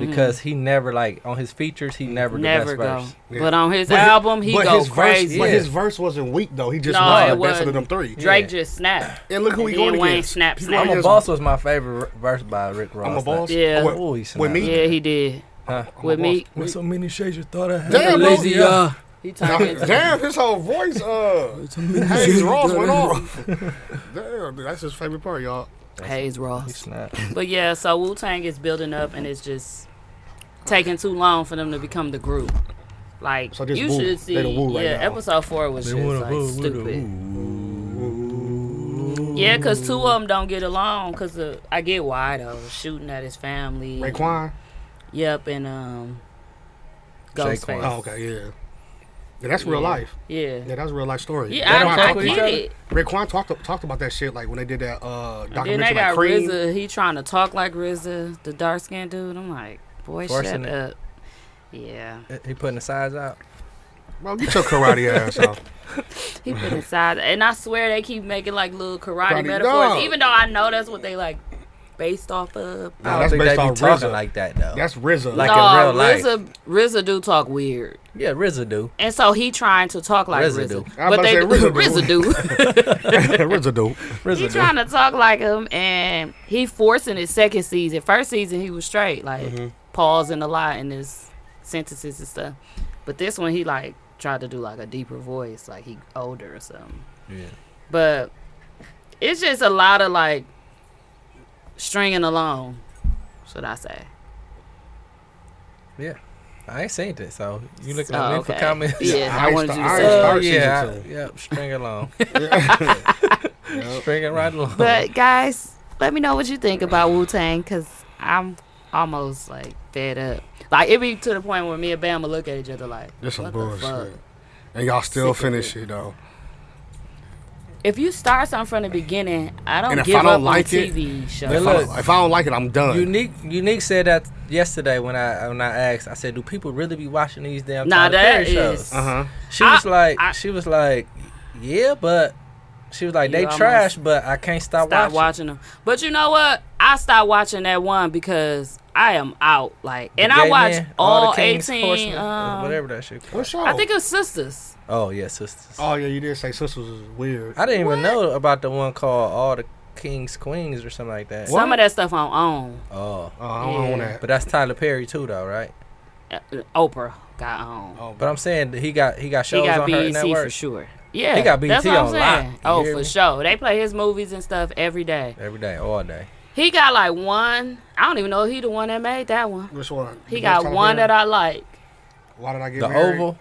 [SPEAKER 8] because he never like on his features he never the
[SPEAKER 6] Mm-hmm. Never
[SPEAKER 8] best
[SPEAKER 6] go,
[SPEAKER 8] verse.
[SPEAKER 6] but on his album he
[SPEAKER 7] but
[SPEAKER 6] go
[SPEAKER 7] his
[SPEAKER 6] crazy.
[SPEAKER 7] Verse, but
[SPEAKER 8] Yeah.
[SPEAKER 7] his verse wasn't weak though. He just
[SPEAKER 6] No, it
[SPEAKER 7] was the best of
[SPEAKER 6] wasn't.
[SPEAKER 7] them three.
[SPEAKER 6] Drake
[SPEAKER 8] Yeah.
[SPEAKER 6] just snapped.
[SPEAKER 7] And look who he
[SPEAKER 6] And then
[SPEAKER 7] going
[SPEAKER 6] Wayne
[SPEAKER 7] against.
[SPEAKER 6] snap,
[SPEAKER 7] People
[SPEAKER 6] snap.
[SPEAKER 7] like
[SPEAKER 8] I'm a
[SPEAKER 7] his-
[SPEAKER 8] boss was my favorite verse by Rick Ross.
[SPEAKER 7] I'm a boss.
[SPEAKER 6] Yeah.
[SPEAKER 7] With,
[SPEAKER 8] Oh, he
[SPEAKER 7] with
[SPEAKER 8] snapped.
[SPEAKER 7] me.
[SPEAKER 6] Yeah, he did.
[SPEAKER 8] Huh?
[SPEAKER 6] With me,
[SPEAKER 8] With so many shades you thought I had.
[SPEAKER 7] Damn, bro.
[SPEAKER 6] he talking. to-
[SPEAKER 7] Damn, his whole voice. [laughs] Uh, Hayes Ross went [laughs] off. Damn, dude, that's his favorite part, y'all.
[SPEAKER 6] Hayes
[SPEAKER 8] He
[SPEAKER 6] Ross.
[SPEAKER 8] snapped.
[SPEAKER 6] But yeah, so Wu Tang is building up, and it's just taking too long for them to become the group. Like
[SPEAKER 7] So just
[SPEAKER 6] you
[SPEAKER 7] Wu. They
[SPEAKER 6] should
[SPEAKER 7] the
[SPEAKER 6] see,
[SPEAKER 7] Wu right
[SPEAKER 6] yeah.
[SPEAKER 7] now.
[SPEAKER 6] Episode four was just
[SPEAKER 8] wanna
[SPEAKER 6] like
[SPEAKER 8] Wu, Wu, the
[SPEAKER 6] stupid. Yeah, cause two of them don't get along. Cause of, I get why though, shooting at his family.
[SPEAKER 7] Raekwon.
[SPEAKER 6] Yep, and um, Ghostface.
[SPEAKER 8] Shaquan.
[SPEAKER 7] Oh, okay, yeah. Yeah, that's real
[SPEAKER 6] Yeah.
[SPEAKER 7] life.
[SPEAKER 6] Yeah.
[SPEAKER 7] Yeah, that's real life story.
[SPEAKER 6] Yeah,
[SPEAKER 7] That's
[SPEAKER 6] I,
[SPEAKER 7] why
[SPEAKER 6] I,
[SPEAKER 7] talked
[SPEAKER 6] get
[SPEAKER 7] about-
[SPEAKER 6] it.
[SPEAKER 7] Raekwon talked talked about that shit like when they did that uh
[SPEAKER 6] Then
[SPEAKER 7] documentary
[SPEAKER 6] they
[SPEAKER 7] like
[SPEAKER 6] got
[SPEAKER 7] Cream.
[SPEAKER 6] RZA. He trying to talk like RZA, the dark skinned dude. I'm like, boy,
[SPEAKER 8] Forcing
[SPEAKER 6] shut
[SPEAKER 8] it.
[SPEAKER 6] up. Yeah.
[SPEAKER 8] He putting the sides out.
[SPEAKER 7] Bro, get your karate
[SPEAKER 6] [laughs]
[SPEAKER 7] ass off.
[SPEAKER 6] He put inside, and I swear they keep making like little karate,
[SPEAKER 7] Karate
[SPEAKER 6] metaphors,
[SPEAKER 7] dog.
[SPEAKER 6] even though I know that's what they like based off of.
[SPEAKER 8] I don't
[SPEAKER 7] that's
[SPEAKER 8] think
[SPEAKER 7] based
[SPEAKER 8] they be
[SPEAKER 7] on
[SPEAKER 8] talking
[SPEAKER 7] RZA.
[SPEAKER 8] like that though.
[SPEAKER 7] That's RZA. [laughs]
[SPEAKER 8] Like-
[SPEAKER 6] no,
[SPEAKER 8] in real life.
[SPEAKER 6] RZA, RZA do talk weird,
[SPEAKER 8] yeah, RZA do.
[SPEAKER 6] and so he trying to talk like
[SPEAKER 8] RZA do.
[SPEAKER 6] RZA,
[SPEAKER 7] I
[SPEAKER 6] but
[SPEAKER 7] about
[SPEAKER 6] they
[SPEAKER 7] to say
[SPEAKER 6] RZA
[SPEAKER 7] RZA
[SPEAKER 6] do.
[SPEAKER 7] RZA dope.
[SPEAKER 8] RZA
[SPEAKER 6] he
[SPEAKER 8] do.
[SPEAKER 6] trying to talk like him, and he forcing his second season. First season he was straight, like
[SPEAKER 8] Mm-hmm.
[SPEAKER 6] pausing a lot in his sentences and stuff, but this one he like tried to do like a deeper voice, like he older or something.
[SPEAKER 8] Yeah.
[SPEAKER 6] but it's just a lot of like stringing along should i say
[SPEAKER 8] Yeah. I ain't seen it, so you looking at
[SPEAKER 6] Oh,
[SPEAKER 8] me
[SPEAKER 6] okay.
[SPEAKER 8] for comments. [laughs]
[SPEAKER 6] yeah i,
[SPEAKER 7] I
[SPEAKER 6] wanted you to
[SPEAKER 7] sta- I
[SPEAKER 6] say
[SPEAKER 7] sta-
[SPEAKER 6] that.
[SPEAKER 8] Oh,
[SPEAKER 7] Start season
[SPEAKER 8] yeah,
[SPEAKER 7] two.
[SPEAKER 8] I- yep, string
[SPEAKER 6] [laughs]
[SPEAKER 8] along. [laughs] String it right along.
[SPEAKER 6] but guys let me know what you think about wu-tang because i'm almost like fed up like it be to the point where me and bama look at each other like
[SPEAKER 7] That's some
[SPEAKER 6] what the fuck?
[SPEAKER 7] bullshit. And y'all still finish it though.
[SPEAKER 6] if you start something from the beginning i don't
[SPEAKER 7] And if
[SPEAKER 6] give
[SPEAKER 7] I don't
[SPEAKER 6] up
[SPEAKER 7] like
[SPEAKER 6] on
[SPEAKER 7] it-
[SPEAKER 6] tv shows
[SPEAKER 8] Then
[SPEAKER 7] If,
[SPEAKER 8] look-
[SPEAKER 7] I, if I don't like it, I'm done.
[SPEAKER 8] Unique, unique said that yesterday when I when I asked. I said, "Do people really be watching these damn
[SPEAKER 6] nah
[SPEAKER 8] Tyler Perry
[SPEAKER 6] that
[SPEAKER 8] shows?"
[SPEAKER 6] is
[SPEAKER 7] uh huh.
[SPEAKER 8] She
[SPEAKER 6] I-
[SPEAKER 8] was like,
[SPEAKER 6] I-
[SPEAKER 8] she was like, "Yeah, but." She was like,
[SPEAKER 6] You
[SPEAKER 8] "They
[SPEAKER 6] almost
[SPEAKER 8] trash, but I can't stop,
[SPEAKER 6] stop
[SPEAKER 8] watching."
[SPEAKER 6] watching them. But you know what? I stopped watching that one because I am out. Like, and I
[SPEAKER 8] Gay
[SPEAKER 6] watch
[SPEAKER 8] Men,
[SPEAKER 6] all,
[SPEAKER 8] the King's
[SPEAKER 6] eighteen.
[SPEAKER 8] Horsemen, uh,
[SPEAKER 6] Um,
[SPEAKER 8] whatever that shit.
[SPEAKER 7] What show?
[SPEAKER 6] I think it's sisters.
[SPEAKER 8] Oh yeah, sisters.
[SPEAKER 7] Oh yeah, you did say sisters was weird. Uh,
[SPEAKER 8] I didn't even know about the one called All the Kings Queens or something like that.
[SPEAKER 6] Some of that stuff I'm on.
[SPEAKER 8] Oh,
[SPEAKER 7] Oh, I don't
[SPEAKER 6] Yeah.
[SPEAKER 7] want that.
[SPEAKER 8] but that's Tyler Perry too, though, right?
[SPEAKER 6] uh, Oprah got on.
[SPEAKER 8] But I'm saying that he got he got shows
[SPEAKER 6] he got
[SPEAKER 8] on her
[SPEAKER 6] BET
[SPEAKER 8] network.
[SPEAKER 6] for sure. Yeah,
[SPEAKER 8] He got
[SPEAKER 6] that's
[SPEAKER 8] BET
[SPEAKER 6] what I'm
[SPEAKER 8] on lock,
[SPEAKER 6] saying.
[SPEAKER 8] you
[SPEAKER 6] Oh,
[SPEAKER 8] hear
[SPEAKER 6] for
[SPEAKER 8] me?
[SPEAKER 6] sure. They play his movies and stuff every day.
[SPEAKER 8] Every day, all day.
[SPEAKER 6] He got like one. I don't even know if he the one that made that one.
[SPEAKER 7] Which one?
[SPEAKER 6] He got one that I like.
[SPEAKER 7] Why did I get
[SPEAKER 8] The
[SPEAKER 7] married?
[SPEAKER 8] Oval.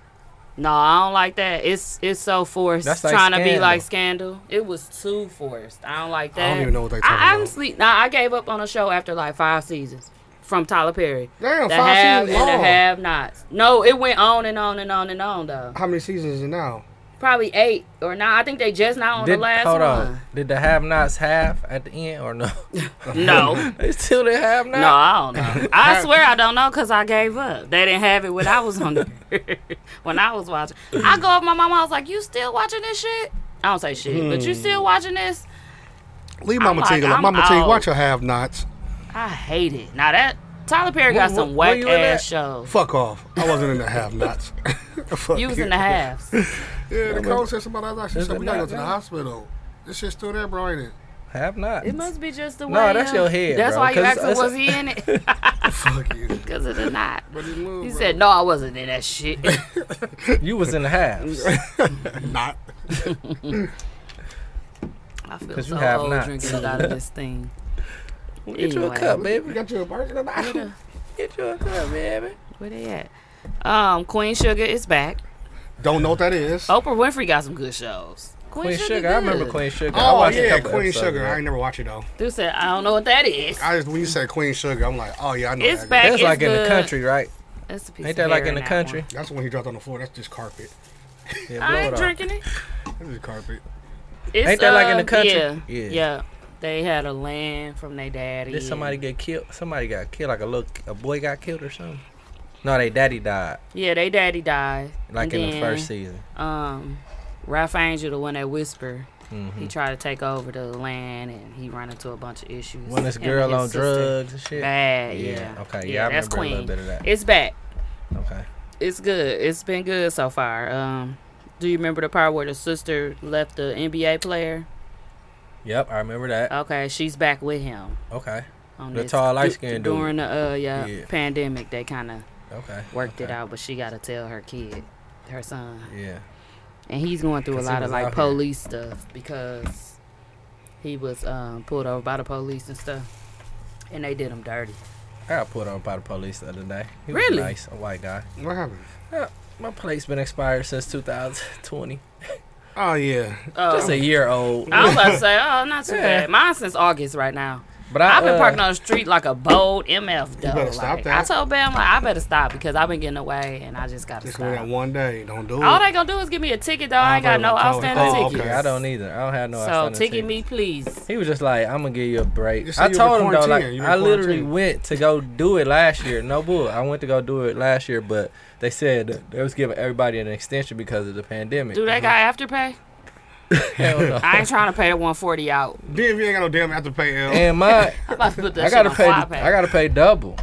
[SPEAKER 6] No, I don't like that. It's it's so forced.
[SPEAKER 8] That's like
[SPEAKER 6] trying to be
[SPEAKER 8] Scandal.
[SPEAKER 6] like scandal. It was too forced. I don't like that.
[SPEAKER 7] don't even know what they talking
[SPEAKER 6] I
[SPEAKER 7] about.
[SPEAKER 6] honestly, nah, I gave up on a show after like five seasons from Tyler Perry.
[SPEAKER 7] Damn,
[SPEAKER 6] the
[SPEAKER 7] five
[SPEAKER 6] have
[SPEAKER 7] seasons
[SPEAKER 6] and
[SPEAKER 7] long.
[SPEAKER 6] the have nots. No, it went on and on and on and on though.
[SPEAKER 7] How many seasons is it now?
[SPEAKER 6] Probably eight or nine. I think they just not on
[SPEAKER 8] Did,
[SPEAKER 6] the last
[SPEAKER 8] hold on.
[SPEAKER 6] one.
[SPEAKER 8] Did the have nots have at the end
[SPEAKER 6] [laughs]
[SPEAKER 8] or no? [laughs]
[SPEAKER 6] No.
[SPEAKER 8] they still didn't have nots.
[SPEAKER 6] No, I don't know. I swear I don't know because I gave up. They didn't have it when I was on there. [laughs] when I was watching. I go up my mama, I was like, You still watching this shit? I don't say shit, but you still watching this?
[SPEAKER 7] Leave
[SPEAKER 6] I'm
[SPEAKER 7] Mama
[SPEAKER 6] like,
[SPEAKER 7] T alone.
[SPEAKER 6] I'm
[SPEAKER 7] Mama T,
[SPEAKER 6] out.
[SPEAKER 7] watch her have nots.
[SPEAKER 6] I hate it. Now that Tyler Perry got
[SPEAKER 8] Wh- wh-
[SPEAKER 6] some
[SPEAKER 8] where
[SPEAKER 6] whack
[SPEAKER 8] you in
[SPEAKER 6] ass
[SPEAKER 8] at?
[SPEAKER 6] shows.
[SPEAKER 7] Fuck off. I wasn't in the have nots. [laughs] Fuck
[SPEAKER 6] You was
[SPEAKER 7] you.
[SPEAKER 6] in the halves.
[SPEAKER 7] Yeah, the coach said somebody else. She
[SPEAKER 8] Is
[SPEAKER 7] said
[SPEAKER 8] it
[SPEAKER 7] we gotta go
[SPEAKER 8] not
[SPEAKER 7] to the
[SPEAKER 8] now?
[SPEAKER 7] hospital. This shit's still there, bro, ain't it?
[SPEAKER 8] Have
[SPEAKER 6] [laughs]
[SPEAKER 8] nots.
[SPEAKER 6] It must be just the way.
[SPEAKER 8] No, that's
[SPEAKER 6] uh,
[SPEAKER 8] your head,
[SPEAKER 6] That's
[SPEAKER 8] bro,
[SPEAKER 6] why you
[SPEAKER 8] 'cause
[SPEAKER 6] asking,
[SPEAKER 8] it's-
[SPEAKER 6] [laughs] was he in it?
[SPEAKER 7] Fuck you.
[SPEAKER 6] Because it's [laughs] not.
[SPEAKER 7] But it moved,
[SPEAKER 6] He
[SPEAKER 7] bro.
[SPEAKER 6] said, No, I wasn't in that shit. [laughs]
[SPEAKER 8] You was in the halves.
[SPEAKER 7] [laughs] not.
[SPEAKER 6] I feel
[SPEAKER 8] 'Cause
[SPEAKER 6] so
[SPEAKER 8] you have
[SPEAKER 6] old
[SPEAKER 8] not.
[SPEAKER 6] drinking it out of this thing.
[SPEAKER 8] Get you a
[SPEAKER 6] Anyway.
[SPEAKER 8] cup, baby.
[SPEAKER 7] got you a virgin or not?
[SPEAKER 8] Get you a cup, baby.
[SPEAKER 6] Where they at? Um, Queen Sugar is back.
[SPEAKER 7] Don't know what that is.
[SPEAKER 6] Oprah Winfrey got some good shows.
[SPEAKER 8] Queen Sugar. I remember Queen Sugar. I
[SPEAKER 7] Oh,
[SPEAKER 8] watched a
[SPEAKER 7] yeah,
[SPEAKER 8] couple
[SPEAKER 7] Queen
[SPEAKER 8] episodes
[SPEAKER 7] Sugar.
[SPEAKER 8] of it.
[SPEAKER 7] I ain't never watched it though.
[SPEAKER 6] Dude said, I don't know what that is.
[SPEAKER 7] I just when you said Queen Sugar, I'm like, oh yeah, I know
[SPEAKER 6] It's
[SPEAKER 7] that.
[SPEAKER 6] back.
[SPEAKER 8] That's like in the
[SPEAKER 6] good.
[SPEAKER 8] country, right?
[SPEAKER 6] That's a piece
[SPEAKER 8] Ain't
[SPEAKER 6] of
[SPEAKER 8] that like
[SPEAKER 6] hair
[SPEAKER 8] in the
[SPEAKER 6] that
[SPEAKER 8] country?
[SPEAKER 7] That's when he dropped on the floor. That's just carpet.
[SPEAKER 8] Yeah,
[SPEAKER 6] one.
[SPEAKER 8] uh,
[SPEAKER 6] I
[SPEAKER 8] blow it
[SPEAKER 6] ain't
[SPEAKER 8] off.
[SPEAKER 6] drinking it.
[SPEAKER 7] That's just carpet.
[SPEAKER 6] It's,
[SPEAKER 8] Ain't that like in
[SPEAKER 6] uh,
[SPEAKER 8] the country?
[SPEAKER 6] Yeah.
[SPEAKER 8] Yeah.
[SPEAKER 6] yeah. They had a land from their daddy.
[SPEAKER 8] Did somebody get killed? Somebody got killed. Like a little, a boy got killed or something. No, they daddy died.
[SPEAKER 6] Yeah, they daddy died.
[SPEAKER 8] Like
[SPEAKER 6] And
[SPEAKER 8] in the
[SPEAKER 6] then,
[SPEAKER 8] first season.
[SPEAKER 6] Um, Ralph Angel, the one that whisper,
[SPEAKER 8] Mm-hmm.
[SPEAKER 6] he tried to take over the land and he ran into a bunch of issues.
[SPEAKER 8] When this
[SPEAKER 6] Him and
[SPEAKER 8] girl
[SPEAKER 6] his
[SPEAKER 8] on
[SPEAKER 6] sister.
[SPEAKER 8] drugs and shit.
[SPEAKER 6] Bad,
[SPEAKER 8] Yeah.
[SPEAKER 6] yeah.
[SPEAKER 8] Okay, yeah, I
[SPEAKER 6] that's
[SPEAKER 8] remember a
[SPEAKER 6] Queen.
[SPEAKER 8] little bit of that.
[SPEAKER 6] It's back.
[SPEAKER 8] Okay.
[SPEAKER 6] it's good. It's been good so far. Um, do you remember the part where the sister left the NBA player?
[SPEAKER 8] Yep, I remember that.
[SPEAKER 6] Okay, she's back with him.
[SPEAKER 8] Okay.
[SPEAKER 6] On
[SPEAKER 8] The
[SPEAKER 6] this-
[SPEAKER 8] tall,
[SPEAKER 6] du-
[SPEAKER 8] light-skinned dude.
[SPEAKER 6] during the uh yeah,
[SPEAKER 8] Yeah.
[SPEAKER 6] pandemic. They kind of
[SPEAKER 8] Okay.
[SPEAKER 6] worked it
[SPEAKER 8] okay.
[SPEAKER 6] out, but she got to tell her kid, her son,
[SPEAKER 8] Yeah.
[SPEAKER 6] and he's going through a
[SPEAKER 8] 'Cause he
[SPEAKER 6] lot
[SPEAKER 8] was
[SPEAKER 6] of
[SPEAKER 8] out
[SPEAKER 6] like
[SPEAKER 8] here.
[SPEAKER 6] police stuff because he was um, pulled over by the police and stuff, and they did him dirty.
[SPEAKER 8] I got put on by the police the other day. He
[SPEAKER 6] Really?
[SPEAKER 8] Was nice, a white guy.
[SPEAKER 7] What happened?
[SPEAKER 8] Yeah, my plate's been expired since 2020.
[SPEAKER 7] Oh yeah,
[SPEAKER 8] Just a year old.
[SPEAKER 6] I was about to say, oh, not too
[SPEAKER 8] Yeah.
[SPEAKER 6] bad. Mine since August right now.
[SPEAKER 8] But I,
[SPEAKER 6] I've been
[SPEAKER 8] uh,
[SPEAKER 6] parking on the street like a bold MF though.
[SPEAKER 7] better stop
[SPEAKER 6] Like,
[SPEAKER 7] that.
[SPEAKER 6] I told Bam like I better stop because I've been getting away and I just gotta
[SPEAKER 7] just for that
[SPEAKER 6] stop.
[SPEAKER 7] one day. Don't do
[SPEAKER 6] All
[SPEAKER 7] it.
[SPEAKER 6] they gonna do is give me a ticket though. I ain't
[SPEAKER 7] I
[SPEAKER 6] got no
[SPEAKER 7] thought it was
[SPEAKER 6] outstanding
[SPEAKER 7] told.
[SPEAKER 8] Oh,
[SPEAKER 7] the
[SPEAKER 6] tickets.
[SPEAKER 8] okay. I don't either. I don't have no
[SPEAKER 6] so
[SPEAKER 8] outstanding
[SPEAKER 6] ticket
[SPEAKER 8] tickets.
[SPEAKER 6] me please.
[SPEAKER 8] He was just like, I'm gonna give you a break.
[SPEAKER 7] You see,
[SPEAKER 8] I
[SPEAKER 7] you was
[SPEAKER 8] told
[SPEAKER 7] in
[SPEAKER 8] him though, like
[SPEAKER 7] quarantine. You were in
[SPEAKER 8] I literally
[SPEAKER 7] quarantine.
[SPEAKER 8] went to go do it last year. No bull. I went to go do it last year, but they said that they was giving everybody an extension because of the pandemic.
[SPEAKER 6] Do that guy afterpay?
[SPEAKER 8] uh-huh. [laughs] Hell no.
[SPEAKER 6] I ain't trying to pay the one forty out.
[SPEAKER 7] DMV ain't got no damn after pay L.
[SPEAKER 8] and my,
[SPEAKER 6] I'm about to put [laughs] that
[SPEAKER 8] I
[SPEAKER 6] shit
[SPEAKER 8] gotta
[SPEAKER 6] on
[SPEAKER 8] pay.
[SPEAKER 6] fly pay.
[SPEAKER 8] I gotta pay double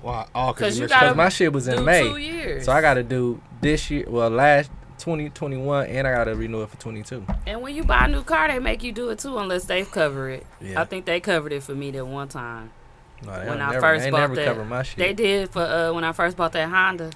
[SPEAKER 7] Why? Oh,
[SPEAKER 6] 'Cause
[SPEAKER 7] cause,
[SPEAKER 6] you
[SPEAKER 7] you
[SPEAKER 6] gotta-
[SPEAKER 8] because my shit was in
[SPEAKER 6] do
[SPEAKER 8] May.
[SPEAKER 6] two years.
[SPEAKER 8] So I gotta do this year. Well, last 2021, and I gotta renew it for 22.
[SPEAKER 6] and when you buy a new car, they make you do it too unless they cover it.
[SPEAKER 8] Yeah.
[SPEAKER 6] I think they covered it for me that one time.
[SPEAKER 8] No, they
[SPEAKER 6] when
[SPEAKER 8] don't
[SPEAKER 6] I
[SPEAKER 8] never,
[SPEAKER 6] first
[SPEAKER 8] they
[SPEAKER 6] bought
[SPEAKER 8] never
[SPEAKER 6] that.
[SPEAKER 8] cover my shit.
[SPEAKER 6] They did for uh, when I first bought that Honda.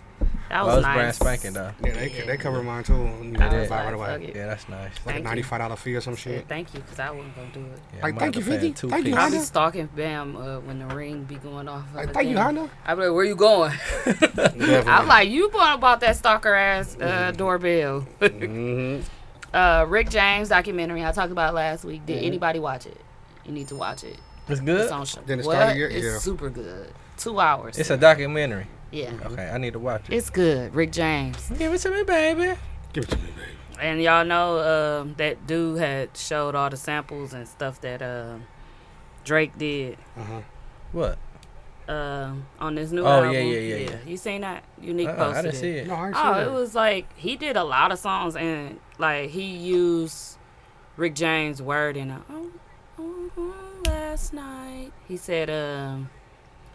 [SPEAKER 6] That
[SPEAKER 8] Well,
[SPEAKER 6] was,
[SPEAKER 8] that was
[SPEAKER 6] nice.
[SPEAKER 8] brand spanking though.
[SPEAKER 7] yeah, they they cover mine too. You know,
[SPEAKER 6] I was
[SPEAKER 7] buy right
[SPEAKER 6] like,
[SPEAKER 7] away.
[SPEAKER 6] Oh, fuck it.
[SPEAKER 8] Yeah, that's nice.
[SPEAKER 7] Like a
[SPEAKER 6] Thank you.
[SPEAKER 7] ninety-five dollar fee or some
[SPEAKER 6] Said
[SPEAKER 7] shit.
[SPEAKER 6] thank you because I wasn't gonna do it.
[SPEAKER 8] Yeah,
[SPEAKER 7] Like,
[SPEAKER 8] I'm
[SPEAKER 7] thank
[SPEAKER 8] about
[SPEAKER 7] you,
[SPEAKER 8] to pay
[SPEAKER 7] Vicky.
[SPEAKER 8] two
[SPEAKER 7] Thank you,
[SPEAKER 8] pieces.
[SPEAKER 6] I be
[SPEAKER 7] Honda.
[SPEAKER 6] stalking Bam uh, when the ring be going off.
[SPEAKER 7] Like, thank you, Honda.
[SPEAKER 6] I be like, where you going? I'm
[SPEAKER 7] Definitely.
[SPEAKER 6] like, you bought about that stalker ass uh, doorbell. [laughs] uh, Rick James documentary I talked about last week. Did anybody watch it? You need to watch it.
[SPEAKER 8] It's good.
[SPEAKER 6] It's on show.
[SPEAKER 7] Then it
[SPEAKER 6] what?
[SPEAKER 7] started your-
[SPEAKER 6] it's
[SPEAKER 7] yeah.
[SPEAKER 6] super good. Two hours.
[SPEAKER 8] It's a documentary.
[SPEAKER 6] yeah.
[SPEAKER 8] Okay, I need to watch it.
[SPEAKER 6] It's good. Rick James.
[SPEAKER 8] Give it to me, baby.
[SPEAKER 7] Give it to me, baby.
[SPEAKER 6] And y'all know um, that dude had showed all the samples and stuff that um Drake did.
[SPEAKER 8] What?
[SPEAKER 6] um, on this new
[SPEAKER 8] Oh,
[SPEAKER 6] album.
[SPEAKER 8] yeah, yeah, yeah, yeah.
[SPEAKER 6] You seen that? Unique
[SPEAKER 8] Uh-uh,
[SPEAKER 6] posted
[SPEAKER 8] I didn't see it.
[SPEAKER 7] No, I ain't
[SPEAKER 6] Oh,
[SPEAKER 7] seen
[SPEAKER 6] it was like he did a lot of songs and like he used Rick James' word in a oh, oh, oh, last night. He said, um,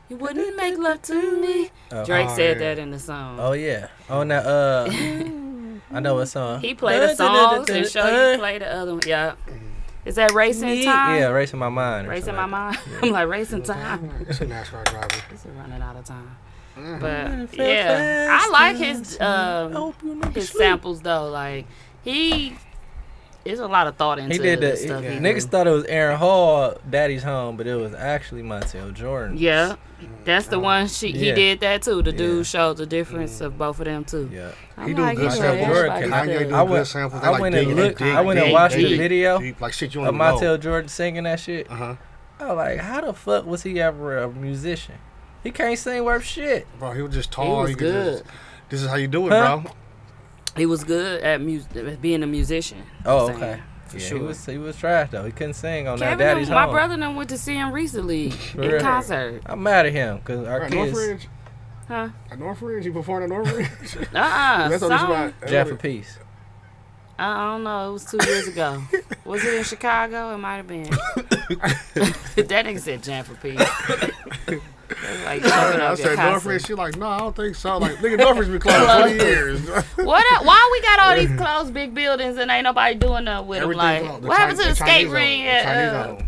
[SPEAKER 6] "You wouldn't make love to me."
[SPEAKER 8] Oh.
[SPEAKER 6] Drake
[SPEAKER 7] Oh,
[SPEAKER 6] said
[SPEAKER 7] yeah.
[SPEAKER 6] that in the song.
[SPEAKER 8] Oh yeah. On that [laughs] uh, I know what song.
[SPEAKER 6] He played the songs and showed you play the other one. Yeah, is that racing time?
[SPEAKER 8] Yeah, racing my mind. or
[SPEAKER 6] Racing
[SPEAKER 8] something
[SPEAKER 6] [laughs] my
[SPEAKER 8] like
[SPEAKER 6] mind. I'm like racing time.
[SPEAKER 7] It's a NASCAR driver.
[SPEAKER 6] This is running out of time.
[SPEAKER 8] Mm-hmm.
[SPEAKER 6] But yeah, I like his um, his samples though. Like he, it's a lot of thought into
[SPEAKER 8] He did
[SPEAKER 6] the
[SPEAKER 8] that.
[SPEAKER 6] stuff. he
[SPEAKER 8] Niggas
[SPEAKER 6] do.
[SPEAKER 8] thought it was Aaron Hall, Daddy's Home, but it was actually Montel Jordan.
[SPEAKER 6] Yeah, that's the one she he
[SPEAKER 8] Oh, Yeah.
[SPEAKER 6] did that too. The
[SPEAKER 8] Yeah. Mm.
[SPEAKER 6] dude showed the difference of both of them too.
[SPEAKER 8] Yeah.
[SPEAKER 6] I'm
[SPEAKER 7] He do good
[SPEAKER 6] he's
[SPEAKER 7] samples.
[SPEAKER 6] right,
[SPEAKER 8] Jordan
[SPEAKER 6] everybody
[SPEAKER 8] can-
[SPEAKER 6] does.
[SPEAKER 7] Kanye do
[SPEAKER 8] I went-
[SPEAKER 7] good samples. They
[SPEAKER 8] I
[SPEAKER 7] like
[SPEAKER 8] went and
[SPEAKER 7] dig, they
[SPEAKER 8] looked-
[SPEAKER 7] dig,
[SPEAKER 8] I went
[SPEAKER 7] they
[SPEAKER 8] and watched
[SPEAKER 7] dig
[SPEAKER 8] the video
[SPEAKER 7] deep, like shit you
[SPEAKER 8] Of
[SPEAKER 7] don't even know.
[SPEAKER 8] Montel Jordan singing that shit.
[SPEAKER 7] Uh-huh.
[SPEAKER 8] I was like, how the fuck was he ever a musician? He can't sing worth shit.
[SPEAKER 7] Bro, he was just
[SPEAKER 6] He
[SPEAKER 7] tall.
[SPEAKER 6] was
[SPEAKER 7] could
[SPEAKER 6] good.
[SPEAKER 7] Just, this is how you do it,
[SPEAKER 8] Huh?
[SPEAKER 7] bro.
[SPEAKER 6] He was good at mu- at being a musician. I'm
[SPEAKER 8] Oh,
[SPEAKER 6] saying.
[SPEAKER 8] okay.
[SPEAKER 6] For
[SPEAKER 8] yeah,
[SPEAKER 6] sure.
[SPEAKER 8] He was, he was trash, though. He couldn't sing on
[SPEAKER 6] Kevin,
[SPEAKER 8] that Daddy's
[SPEAKER 6] my
[SPEAKER 8] Home.
[SPEAKER 6] brother, and I went to see him recently in
[SPEAKER 8] real?
[SPEAKER 6] concert.
[SPEAKER 8] I'm mad at him because our
[SPEAKER 7] At
[SPEAKER 8] kids.
[SPEAKER 7] Northridge?
[SPEAKER 6] Huh?
[SPEAKER 7] At Northridge? You performed at
[SPEAKER 8] [laughs]
[SPEAKER 7] Northridge?
[SPEAKER 6] Uh uh
[SPEAKER 7] That's
[SPEAKER 6] Some,
[SPEAKER 7] on the spot.
[SPEAKER 6] I
[SPEAKER 8] Jeff a piece.
[SPEAKER 6] I don't know. It was two years
[SPEAKER 7] [laughs]
[SPEAKER 6] ago. was it in Chicago? It might have been. [laughs] that nigga said jam for peace. That's like choking
[SPEAKER 7] I
[SPEAKER 6] up your
[SPEAKER 7] said Northridge.
[SPEAKER 6] concert.
[SPEAKER 7] She like, no, I don't think so. Like, nigga, Northridge been closed for 20
[SPEAKER 6] [laughs]
[SPEAKER 7] years.
[SPEAKER 6] What? Up? Why we got all
[SPEAKER 7] [laughs]
[SPEAKER 6] these closed big buildings and ain't nobody doing nothing with them?
[SPEAKER 7] Everything
[SPEAKER 6] Like,
[SPEAKER 7] closed.
[SPEAKER 6] what happened to
[SPEAKER 7] Chi-
[SPEAKER 6] the, skate
[SPEAKER 7] Chinese
[SPEAKER 6] ring Uh,
[SPEAKER 7] owned- the
[SPEAKER 6] at
[SPEAKER 7] Chinese
[SPEAKER 6] uh,
[SPEAKER 7] owned. Oh.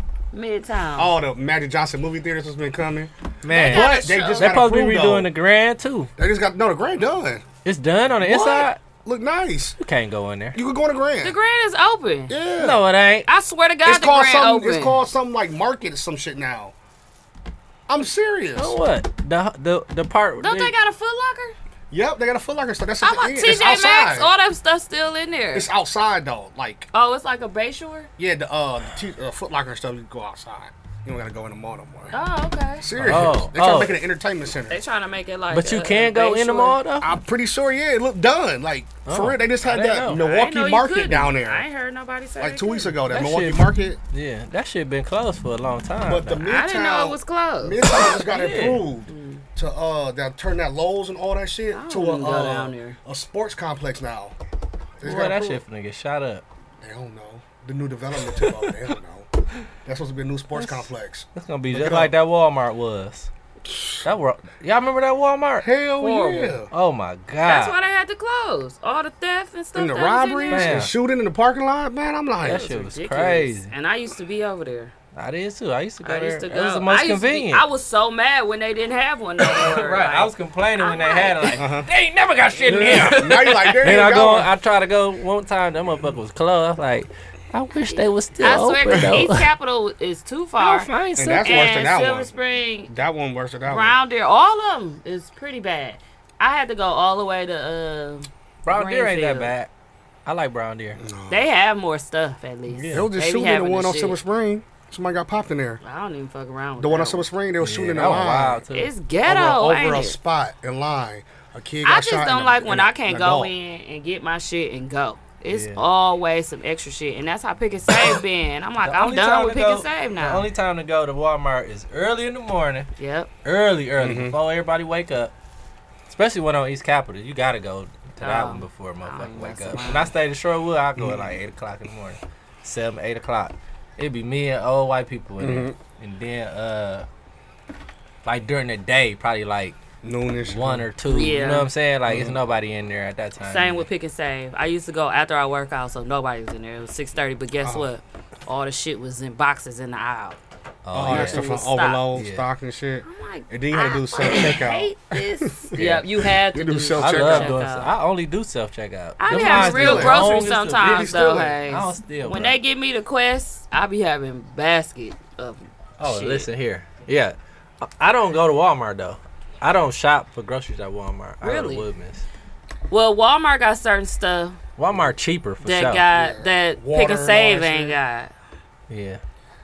[SPEAKER 6] Midtown?
[SPEAKER 7] All the Magic Johnson movie theaters has been coming.
[SPEAKER 8] Man,
[SPEAKER 6] got-
[SPEAKER 7] But they just
[SPEAKER 8] they
[SPEAKER 7] got
[SPEAKER 8] supposed to be
[SPEAKER 7] approved,
[SPEAKER 8] redoing
[SPEAKER 7] though.
[SPEAKER 8] the Grand too.
[SPEAKER 7] They just got no the Grand done.
[SPEAKER 8] It's done on the inside.
[SPEAKER 7] Look nice.
[SPEAKER 8] You can't go in there.
[SPEAKER 7] You could go on the Grand.
[SPEAKER 6] the Grand is open.
[SPEAKER 7] yeah.
[SPEAKER 8] No, it ain't.
[SPEAKER 6] I swear to God,
[SPEAKER 7] it's
[SPEAKER 6] the
[SPEAKER 7] called
[SPEAKER 6] Grand
[SPEAKER 7] something.
[SPEAKER 6] open.
[SPEAKER 7] It's called something like Market or some shit now. I'm serious.
[SPEAKER 8] What the the the part?
[SPEAKER 6] Don't they got a Foot Locker?
[SPEAKER 7] Yep, they got a Foot Locker store. That's at
[SPEAKER 6] I'm
[SPEAKER 7] the
[SPEAKER 6] like
[SPEAKER 7] end.
[SPEAKER 6] TJ
[SPEAKER 7] It's outside.
[SPEAKER 6] Maxx. All that stuff still in there.
[SPEAKER 7] it's outside though. Like
[SPEAKER 6] oh, it's like a Bayshore.
[SPEAKER 7] yeah, the uh, the t- uh Foot Locker stuff. You go outside. You don't gotta go in the mall no more.
[SPEAKER 6] Oh, okay.
[SPEAKER 7] Serious.
[SPEAKER 8] Oh,
[SPEAKER 7] they try
[SPEAKER 8] oh.
[SPEAKER 7] to make it an entertainment center.
[SPEAKER 6] They trying to make it like.
[SPEAKER 8] But you
[SPEAKER 6] a-
[SPEAKER 8] can go in the
[SPEAKER 6] Bayshore.
[SPEAKER 8] mall though.
[SPEAKER 7] I'm pretty sure. Yeah, it looked done. Like
[SPEAKER 8] Oh,
[SPEAKER 7] for real, they just
[SPEAKER 8] I
[SPEAKER 7] had
[SPEAKER 8] didn't
[SPEAKER 7] that
[SPEAKER 8] know.
[SPEAKER 6] I didn't know
[SPEAKER 7] Milwaukee
[SPEAKER 6] you
[SPEAKER 7] Market
[SPEAKER 6] couldn't.
[SPEAKER 7] down
[SPEAKER 6] I
[SPEAKER 7] there.
[SPEAKER 6] ain't heard nobody say
[SPEAKER 7] Like
[SPEAKER 6] they
[SPEAKER 7] two weeks
[SPEAKER 6] couldn't.
[SPEAKER 7] ago, that,
[SPEAKER 8] That
[SPEAKER 7] Milwaukee
[SPEAKER 8] shit- [laughs]
[SPEAKER 7] Market.
[SPEAKER 8] Yeah, that shit been closed for a long time.
[SPEAKER 7] But the
[SPEAKER 8] now.
[SPEAKER 7] Midtown,
[SPEAKER 6] I didn't know it was closed.
[SPEAKER 7] Midtown just got
[SPEAKER 8] Yeah.
[SPEAKER 7] improved to uh that turn that Lowe's and all that shit
[SPEAKER 6] I
[SPEAKER 7] to
[SPEAKER 6] don't
[SPEAKER 7] a,
[SPEAKER 6] even go
[SPEAKER 7] uh,
[SPEAKER 6] down there.
[SPEAKER 7] a sports complex now. They just
[SPEAKER 8] Boy,
[SPEAKER 7] got
[SPEAKER 8] that shit
[SPEAKER 7] approved.
[SPEAKER 8] finna get shot up.
[SPEAKER 7] They don't know the new development. took over. They don't know.
[SPEAKER 8] [laughs]
[SPEAKER 7] That's supposed to be a new sports complex.
[SPEAKER 8] It's gonna be
[SPEAKER 7] it
[SPEAKER 8] just
[SPEAKER 7] up.
[SPEAKER 8] like that Walmart was. That were y'all remember that Walmart?
[SPEAKER 7] Hell
[SPEAKER 8] Horrible.
[SPEAKER 7] yeah.
[SPEAKER 8] Oh my god.
[SPEAKER 6] That's why they had to close all the theft and stuff.
[SPEAKER 7] And the
[SPEAKER 6] that was in
[SPEAKER 7] robberies
[SPEAKER 6] there.
[SPEAKER 8] Man.
[SPEAKER 7] and shooting in the parking lot, man. I'm
[SPEAKER 8] that
[SPEAKER 7] like,
[SPEAKER 8] shit was
[SPEAKER 6] Ridiculous.
[SPEAKER 8] crazy.
[SPEAKER 6] And I used to be over there.
[SPEAKER 8] I did too. I used to go
[SPEAKER 6] I
[SPEAKER 8] there.
[SPEAKER 6] used to go.
[SPEAKER 8] It was the most
[SPEAKER 6] I used to be-
[SPEAKER 8] convenient.
[SPEAKER 6] I was so mad when they didn't have one.
[SPEAKER 8] [coughs]
[SPEAKER 6] No more.
[SPEAKER 8] right. I
[SPEAKER 6] Like,
[SPEAKER 8] was complaining when they
[SPEAKER 6] I'm
[SPEAKER 8] had it, like they ain't never got shit in here.
[SPEAKER 7] [laughs] now you like, there
[SPEAKER 8] [laughs] Then I
[SPEAKER 7] you
[SPEAKER 8] go.
[SPEAKER 7] go.
[SPEAKER 8] I try to go one time. That motherfucker was closed. Like I wish they was still
[SPEAKER 6] I
[SPEAKER 8] open
[SPEAKER 6] swear, 'cause
[SPEAKER 8] though.
[SPEAKER 6] East Capitol is too
[SPEAKER 8] I'll
[SPEAKER 6] far.
[SPEAKER 8] find
[SPEAKER 7] And that's
[SPEAKER 8] something.
[SPEAKER 7] worse than
[SPEAKER 6] and
[SPEAKER 7] that
[SPEAKER 6] Silver
[SPEAKER 7] one.
[SPEAKER 6] Spring,
[SPEAKER 7] That one worse than that one.
[SPEAKER 6] Brown Deer, all of them is pretty bad. I had to go all the way to. Uh,
[SPEAKER 8] Brown deer ain't that
[SPEAKER 6] Greenfield.
[SPEAKER 8] bad. I like brown deer.
[SPEAKER 6] They have more stuff at least.
[SPEAKER 7] They was just
[SPEAKER 6] They be
[SPEAKER 7] shooting the
[SPEAKER 6] having
[SPEAKER 7] one
[SPEAKER 6] the
[SPEAKER 7] on
[SPEAKER 6] shit.
[SPEAKER 7] Silver Spring. Somebody got popped in there.
[SPEAKER 6] I don't even fuck around. With
[SPEAKER 7] The one on
[SPEAKER 6] that
[SPEAKER 7] Silver Spring, they was shooting in
[SPEAKER 8] that
[SPEAKER 7] the
[SPEAKER 8] was
[SPEAKER 7] line.
[SPEAKER 8] wild
[SPEAKER 6] one.
[SPEAKER 8] too.
[SPEAKER 6] It's
[SPEAKER 7] Over,
[SPEAKER 6] ghetto.
[SPEAKER 7] a- over
[SPEAKER 6] ain't
[SPEAKER 7] a
[SPEAKER 6] it?
[SPEAKER 7] spot in line. A kid got
[SPEAKER 6] I just
[SPEAKER 7] shot in
[SPEAKER 6] don't
[SPEAKER 7] the-
[SPEAKER 6] like when
[SPEAKER 7] in the-
[SPEAKER 6] I can't
[SPEAKER 7] the
[SPEAKER 6] go
[SPEAKER 7] dog.
[SPEAKER 6] in and get my shit and go. It's
[SPEAKER 8] Yeah.
[SPEAKER 6] always some extra shit, and that's how pick and save been. I'm like,
[SPEAKER 8] The
[SPEAKER 6] I'm
[SPEAKER 8] only time
[SPEAKER 6] done with
[SPEAKER 8] to
[SPEAKER 6] pick
[SPEAKER 8] go-
[SPEAKER 6] and save
[SPEAKER 8] The
[SPEAKER 6] now.
[SPEAKER 8] only time to go to Walmart is early in the morning,
[SPEAKER 6] yep.
[SPEAKER 8] early, early before everybody wake up. Especially one on East Capitol, you gotta go to that
[SPEAKER 6] Oh.
[SPEAKER 8] one before motherfucker
[SPEAKER 6] even
[SPEAKER 8] wake
[SPEAKER 6] mess
[SPEAKER 8] up.
[SPEAKER 6] around.
[SPEAKER 8] When I stayed in Shorewood, I go at
[SPEAKER 6] Mm-hmm.
[SPEAKER 8] like eight o'clock in the morning, seven, eight o'clock. It'd be me and old white people in there, and then uh, like during the day, probably like
[SPEAKER 7] Noonish.
[SPEAKER 8] one or two. You
[SPEAKER 6] Yeah.
[SPEAKER 8] know what I'm saying? Like it's nobody in there at that time.
[SPEAKER 6] Same with pick and save. I used to go after I work out, so nobody was in there. It was six thirty, but guess what? All the shit was in boxes in the aisle.
[SPEAKER 8] Oh,
[SPEAKER 7] Oh,
[SPEAKER 8] yeah.
[SPEAKER 7] that stuff on
[SPEAKER 6] Stop.
[SPEAKER 7] overload,
[SPEAKER 8] Yeah.
[SPEAKER 7] stock and shit.
[SPEAKER 6] I'm like,
[SPEAKER 7] And then you had to do
[SPEAKER 6] I
[SPEAKER 7] self-checkout.
[SPEAKER 6] hate this. yeah, you had to
[SPEAKER 7] You do
[SPEAKER 6] do
[SPEAKER 7] self-
[SPEAKER 8] I love
[SPEAKER 7] Check
[SPEAKER 8] doing.
[SPEAKER 6] out.
[SPEAKER 8] I only do self checkout.
[SPEAKER 6] I be having real groceries sometimes
[SPEAKER 7] Did he
[SPEAKER 6] though,
[SPEAKER 7] steal it?
[SPEAKER 6] Hayes.
[SPEAKER 8] I don't steal,
[SPEAKER 6] When
[SPEAKER 8] bro.
[SPEAKER 6] they give me the quest, I be having basket of
[SPEAKER 8] Oh,
[SPEAKER 6] shit.
[SPEAKER 8] listen here. Yeah, I- I don't go to Walmart though. I don't shop for groceries at Walmart. I go
[SPEAKER 6] Really?
[SPEAKER 8] to Woodman's.
[SPEAKER 6] Well, Walmart got certain stuff
[SPEAKER 8] Walmart cheaper for
[SPEAKER 6] that
[SPEAKER 8] sure.
[SPEAKER 6] got that
[SPEAKER 7] Water
[SPEAKER 6] pick
[SPEAKER 7] and
[SPEAKER 6] a
[SPEAKER 7] all
[SPEAKER 6] save
[SPEAKER 7] that
[SPEAKER 6] ain't got.
[SPEAKER 8] yeah.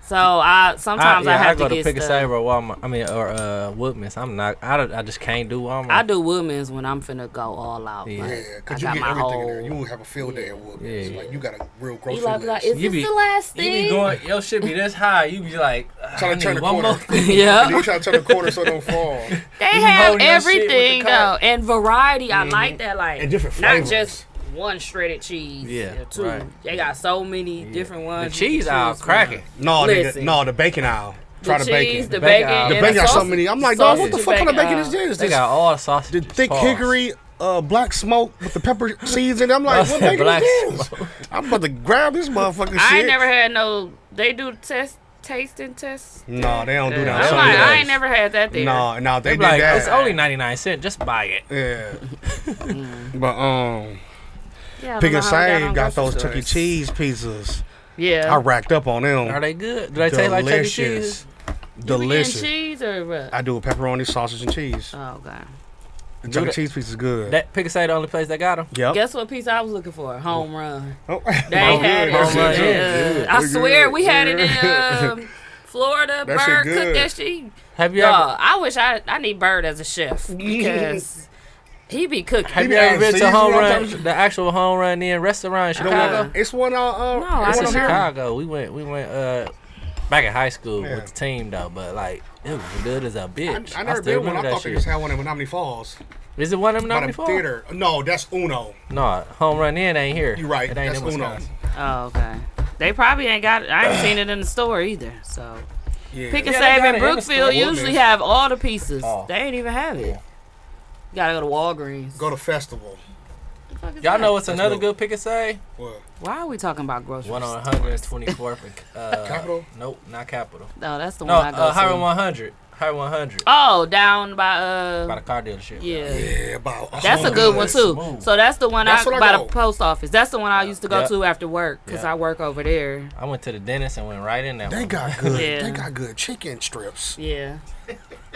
[SPEAKER 6] So I sometimes I,
[SPEAKER 8] yeah,
[SPEAKER 6] have
[SPEAKER 8] go
[SPEAKER 6] to get
[SPEAKER 8] Pick a
[SPEAKER 6] stuff.
[SPEAKER 8] Save or Walmart. I mean, or uh, Woodman's. I'm not. I, don't- I just can't do Walmart.
[SPEAKER 6] I do Woodman's when I'm finna go all out.
[SPEAKER 8] Yeah.
[SPEAKER 6] Like,
[SPEAKER 7] Yeah,
[SPEAKER 6] I
[SPEAKER 7] because you
[SPEAKER 6] got
[SPEAKER 7] get
[SPEAKER 6] my
[SPEAKER 7] everything
[SPEAKER 6] whole.
[SPEAKER 7] in there. You would have a field day at Woodman's.
[SPEAKER 8] Yeah.
[SPEAKER 7] Like, you got a real grocery
[SPEAKER 6] Eli be like,
[SPEAKER 7] list.
[SPEAKER 6] is
[SPEAKER 8] You
[SPEAKER 6] this
[SPEAKER 8] be-
[SPEAKER 6] the last
[SPEAKER 8] you
[SPEAKER 6] thing?
[SPEAKER 8] be going. Your shit be this high. You be like. "Uh,
[SPEAKER 7] Trying to turn the corner. [laughs] And
[SPEAKER 6] [laughs]
[SPEAKER 7] then
[SPEAKER 6] yeah,
[SPEAKER 7] you try to turn the corner so it
[SPEAKER 8] [laughs]
[SPEAKER 7] don't fall.
[SPEAKER 6] they
[SPEAKER 8] be
[SPEAKER 6] have
[SPEAKER 8] holding your shit with the
[SPEAKER 6] everything though,
[SPEAKER 8] cart.
[SPEAKER 6] and variety. I like that, like
[SPEAKER 7] Mm-hmm. And different
[SPEAKER 6] not
[SPEAKER 7] flavors.
[SPEAKER 6] just one shredded cheese.
[SPEAKER 8] Yeah,
[SPEAKER 6] or two.
[SPEAKER 8] right.
[SPEAKER 6] They got so many different
[SPEAKER 8] The
[SPEAKER 6] ones. you can
[SPEAKER 8] cheese aisle
[SPEAKER 6] choose from.
[SPEAKER 8] cracking.
[SPEAKER 7] No,
[SPEAKER 6] Listen.
[SPEAKER 7] nigga, no, the bacon aisle.
[SPEAKER 6] The
[SPEAKER 7] Try
[SPEAKER 6] cheese, the
[SPEAKER 7] the bacon.
[SPEAKER 8] The bacon
[SPEAKER 6] bacon,
[SPEAKER 8] aisle.
[SPEAKER 6] and
[SPEAKER 8] The
[SPEAKER 7] The bacon got so
[SPEAKER 6] sausage-
[SPEAKER 7] many. I'm like, dog, what the
[SPEAKER 6] sausage
[SPEAKER 7] fuck kind of bacon
[SPEAKER 6] aisle.
[SPEAKER 7] is this?
[SPEAKER 8] [laughs] They
[SPEAKER 7] This
[SPEAKER 8] got all the sausages.
[SPEAKER 7] the thick
[SPEAKER 8] sauce.
[SPEAKER 7] hickory, uh, black smoke with the
[SPEAKER 8] [laughs]
[SPEAKER 7] pepper seeds in it. I'm like, what bacon
[SPEAKER 8] Black
[SPEAKER 7] is this? I'm about to grab this motherfucking shit.
[SPEAKER 6] I ain't never had no. They do the test
[SPEAKER 3] tasting test?
[SPEAKER 7] No, they don't Mm, do that. on
[SPEAKER 3] I'm
[SPEAKER 7] Sunday
[SPEAKER 3] like, I ain't
[SPEAKER 7] days.
[SPEAKER 3] never had that there.
[SPEAKER 7] No, no, if they
[SPEAKER 8] They
[SPEAKER 7] did
[SPEAKER 8] be like,
[SPEAKER 7] that.
[SPEAKER 8] it's only 99 cents. Just buy it.
[SPEAKER 7] yeah. but
[SPEAKER 3] Yeah, I
[SPEAKER 7] um,
[SPEAKER 3] don't
[SPEAKER 7] Pick
[SPEAKER 3] know how
[SPEAKER 7] and
[SPEAKER 3] we
[SPEAKER 7] Save
[SPEAKER 3] on
[SPEAKER 7] got those
[SPEAKER 3] grocery
[SPEAKER 7] Chuck E.
[SPEAKER 3] stores.
[SPEAKER 7] Cheese pizzas. I
[SPEAKER 6] Yeah.
[SPEAKER 7] racked up on them.
[SPEAKER 8] Are they good? Do they taste like Chuck E. Cheese?
[SPEAKER 6] You be getting
[SPEAKER 7] Delicious.
[SPEAKER 6] cheese or what?
[SPEAKER 7] I do a pepperoni, sausage, and cheese.
[SPEAKER 6] Oh god.
[SPEAKER 7] The Chuck E.
[SPEAKER 8] that-
[SPEAKER 7] Cheese pizza's good.
[SPEAKER 8] That pick and say the only place they got them.
[SPEAKER 7] yep.
[SPEAKER 6] Guess what piece I was looking for? Home run.
[SPEAKER 7] Oh, [laughs]
[SPEAKER 6] They ain't had it.
[SPEAKER 7] That
[SPEAKER 6] on
[SPEAKER 7] shit
[SPEAKER 6] my-
[SPEAKER 7] good.
[SPEAKER 6] Oh, yeah.
[SPEAKER 7] Yeah,
[SPEAKER 6] I
[SPEAKER 7] we
[SPEAKER 6] swear
[SPEAKER 7] good.
[SPEAKER 6] we had it in
[SPEAKER 7] Yeah.
[SPEAKER 6] um, Florida.
[SPEAKER 7] That shit
[SPEAKER 6] Bird cooked
[SPEAKER 7] good.
[SPEAKER 6] that shit.
[SPEAKER 8] Have you
[SPEAKER 6] Dog,
[SPEAKER 8] ever?
[SPEAKER 6] I wish I I need Bird as a
[SPEAKER 8] [laughs]
[SPEAKER 6] chef because he be cooking.
[SPEAKER 8] Have
[SPEAKER 7] be
[SPEAKER 8] you ever
[SPEAKER 7] adding
[SPEAKER 8] been to
[SPEAKER 7] seasoning
[SPEAKER 8] Home
[SPEAKER 7] on top
[SPEAKER 8] Run, the actual Home Run in restaurant in
[SPEAKER 7] You know what?
[SPEAKER 8] Chicago?
[SPEAKER 7] It's one on. Uh,
[SPEAKER 6] No, I
[SPEAKER 7] it's one
[SPEAKER 8] It's in
[SPEAKER 7] on
[SPEAKER 6] don't know.
[SPEAKER 7] here.
[SPEAKER 8] Chicago. We went, we went uh, back in high school
[SPEAKER 7] Yeah.
[SPEAKER 8] with the team though, but like it was good as a
[SPEAKER 7] I,
[SPEAKER 8] bitch.
[SPEAKER 7] I never
[SPEAKER 8] still
[SPEAKER 7] been one. I thought
[SPEAKER 8] remember that
[SPEAKER 7] they
[SPEAKER 8] shit.
[SPEAKER 7] just had one in Menominee Falls.
[SPEAKER 8] Is it one of them
[SPEAKER 7] By
[SPEAKER 8] not
[SPEAKER 7] the
[SPEAKER 8] before?
[SPEAKER 7] theater. No, that's Uno.
[SPEAKER 8] No, Home Run in ain't here.
[SPEAKER 7] You right.
[SPEAKER 8] It ain't
[SPEAKER 7] That's
[SPEAKER 8] in
[SPEAKER 7] Uno.
[SPEAKER 8] Wisconsin.
[SPEAKER 6] Oh, okay. They probably ain't got it. I ain't seen it in the store either. So
[SPEAKER 7] Yeah.
[SPEAKER 6] Pick and
[SPEAKER 8] Yeah, they
[SPEAKER 6] Save
[SPEAKER 8] got it
[SPEAKER 6] in
[SPEAKER 8] in the store.
[SPEAKER 6] Brookfield usually have all the pieces.
[SPEAKER 8] Oh.
[SPEAKER 6] They ain't even have it. You gotta go to Walgreens.
[SPEAKER 7] Go to festival.
[SPEAKER 8] Y'all know what's another
[SPEAKER 7] dope.
[SPEAKER 8] good pick and say?
[SPEAKER 7] What?
[SPEAKER 6] Why are we talking about groceries?
[SPEAKER 8] One on 124th. and, Uh,
[SPEAKER 7] Capitol?
[SPEAKER 8] Nope, not Capitol.
[SPEAKER 6] No, Oh, that's the
[SPEAKER 8] No,
[SPEAKER 6] one I go
[SPEAKER 8] uh,
[SPEAKER 6] to.
[SPEAKER 8] Highway 100. Highway 100.
[SPEAKER 6] Oh, down by uh,
[SPEAKER 8] By the car dealership.
[SPEAKER 6] yeah.
[SPEAKER 7] Yeah, about.
[SPEAKER 6] That's a good one too.
[SPEAKER 8] Smooth.
[SPEAKER 6] So that's the one
[SPEAKER 7] That's
[SPEAKER 6] I,
[SPEAKER 7] what I
[SPEAKER 6] by
[SPEAKER 7] go.
[SPEAKER 6] the post office. That's the one I used to go
[SPEAKER 8] Yeah.
[SPEAKER 6] to after work because
[SPEAKER 8] Yeah.
[SPEAKER 6] I work over there.
[SPEAKER 8] I went to the dentist and went right in there.
[SPEAKER 7] They got good.
[SPEAKER 6] Yeah.
[SPEAKER 7] They got good chicken strips.
[SPEAKER 6] Yeah,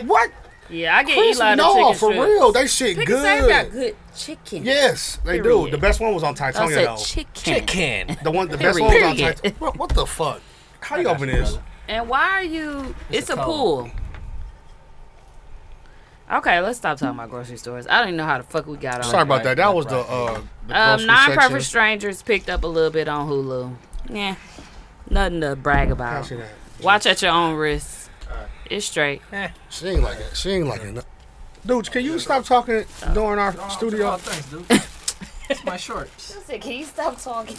[SPEAKER 7] What?
[SPEAKER 6] yeah. I get
[SPEAKER 7] Chris,
[SPEAKER 6] Eli the
[SPEAKER 7] no,
[SPEAKER 6] chicken
[SPEAKER 7] for
[SPEAKER 6] strips.
[SPEAKER 7] real. They shit
[SPEAKER 6] Pick and Save got
[SPEAKER 7] good.
[SPEAKER 6] good chicken.
[SPEAKER 7] Yes, they do.
[SPEAKER 6] Period.
[SPEAKER 7] The best one was on
[SPEAKER 6] I
[SPEAKER 7] Titonia
[SPEAKER 6] said
[SPEAKER 7] though.
[SPEAKER 6] chicken.
[SPEAKER 8] chicken.
[SPEAKER 7] The one, the best one was
[SPEAKER 6] Period.
[SPEAKER 7] on Titonia. What, what the fuck? How you open this?
[SPEAKER 6] And why are you? It's,
[SPEAKER 8] a
[SPEAKER 6] a,
[SPEAKER 8] cold.
[SPEAKER 6] pool. Okay, let's stop talking about grocery stores. I don't even know how the fuck we got on.
[SPEAKER 7] Sorry about that. That was the
[SPEAKER 8] Right.
[SPEAKER 7] uh. the
[SPEAKER 6] Um,
[SPEAKER 7] grocery
[SPEAKER 6] non-perfect
[SPEAKER 7] section.
[SPEAKER 6] strangers picked up a little bit on Hulu. Yeah, nothing to brag
[SPEAKER 7] I
[SPEAKER 6] about.
[SPEAKER 7] see that.
[SPEAKER 6] Watch at your own risk. It's straight.
[SPEAKER 7] She ain't like it. She ain't like it. Dudes, can you stop talking during our
[SPEAKER 8] Oh,
[SPEAKER 7] studio?
[SPEAKER 8] thanks, dude. It's [laughs] my shorts.
[SPEAKER 2] Can you stop
[SPEAKER 7] [laughs]
[SPEAKER 2] talking?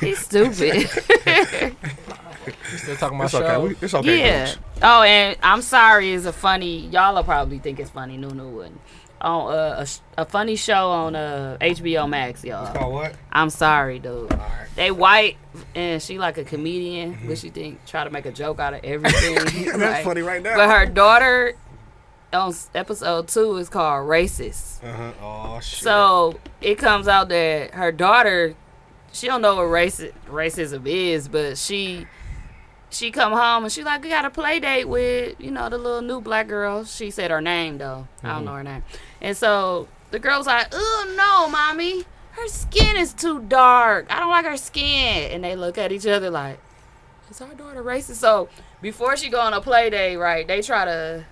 [SPEAKER 6] He's stupid.
[SPEAKER 8] You still talking about
[SPEAKER 7] It's
[SPEAKER 8] shorts?
[SPEAKER 7] okay. We, it's okay.
[SPEAKER 6] yeah.
[SPEAKER 7] dudes.
[SPEAKER 6] Oh, and I'm sorry is a funny. Y'all will probably think it's funny. Nunu wouldn't. On uh, a, sh- a funny show on uh, HBO Max, y'all.
[SPEAKER 7] Oh what?
[SPEAKER 6] I'm sorry, dude.
[SPEAKER 7] right. Mm-hmm.
[SPEAKER 6] They white and she like a comedian. What she think? Try to make a joke out of everything.
[SPEAKER 7] [laughs] That's
[SPEAKER 6] Like,
[SPEAKER 7] funny right now.
[SPEAKER 6] But her daughter on s- episode two is called racist.
[SPEAKER 7] Uh-huh. Oh shit.
[SPEAKER 6] So it comes out that her daughter, she don't know what raci- racism is, but she she come home and she like, we got a play date with you know the little new black girl. She said her name though, I don't know her name, and so the girl's like, oh no, mommy, her skin is too dark. I don't like her skin, and they look at each other like, is our daughter racist? So before she go on a play date, right? They try to.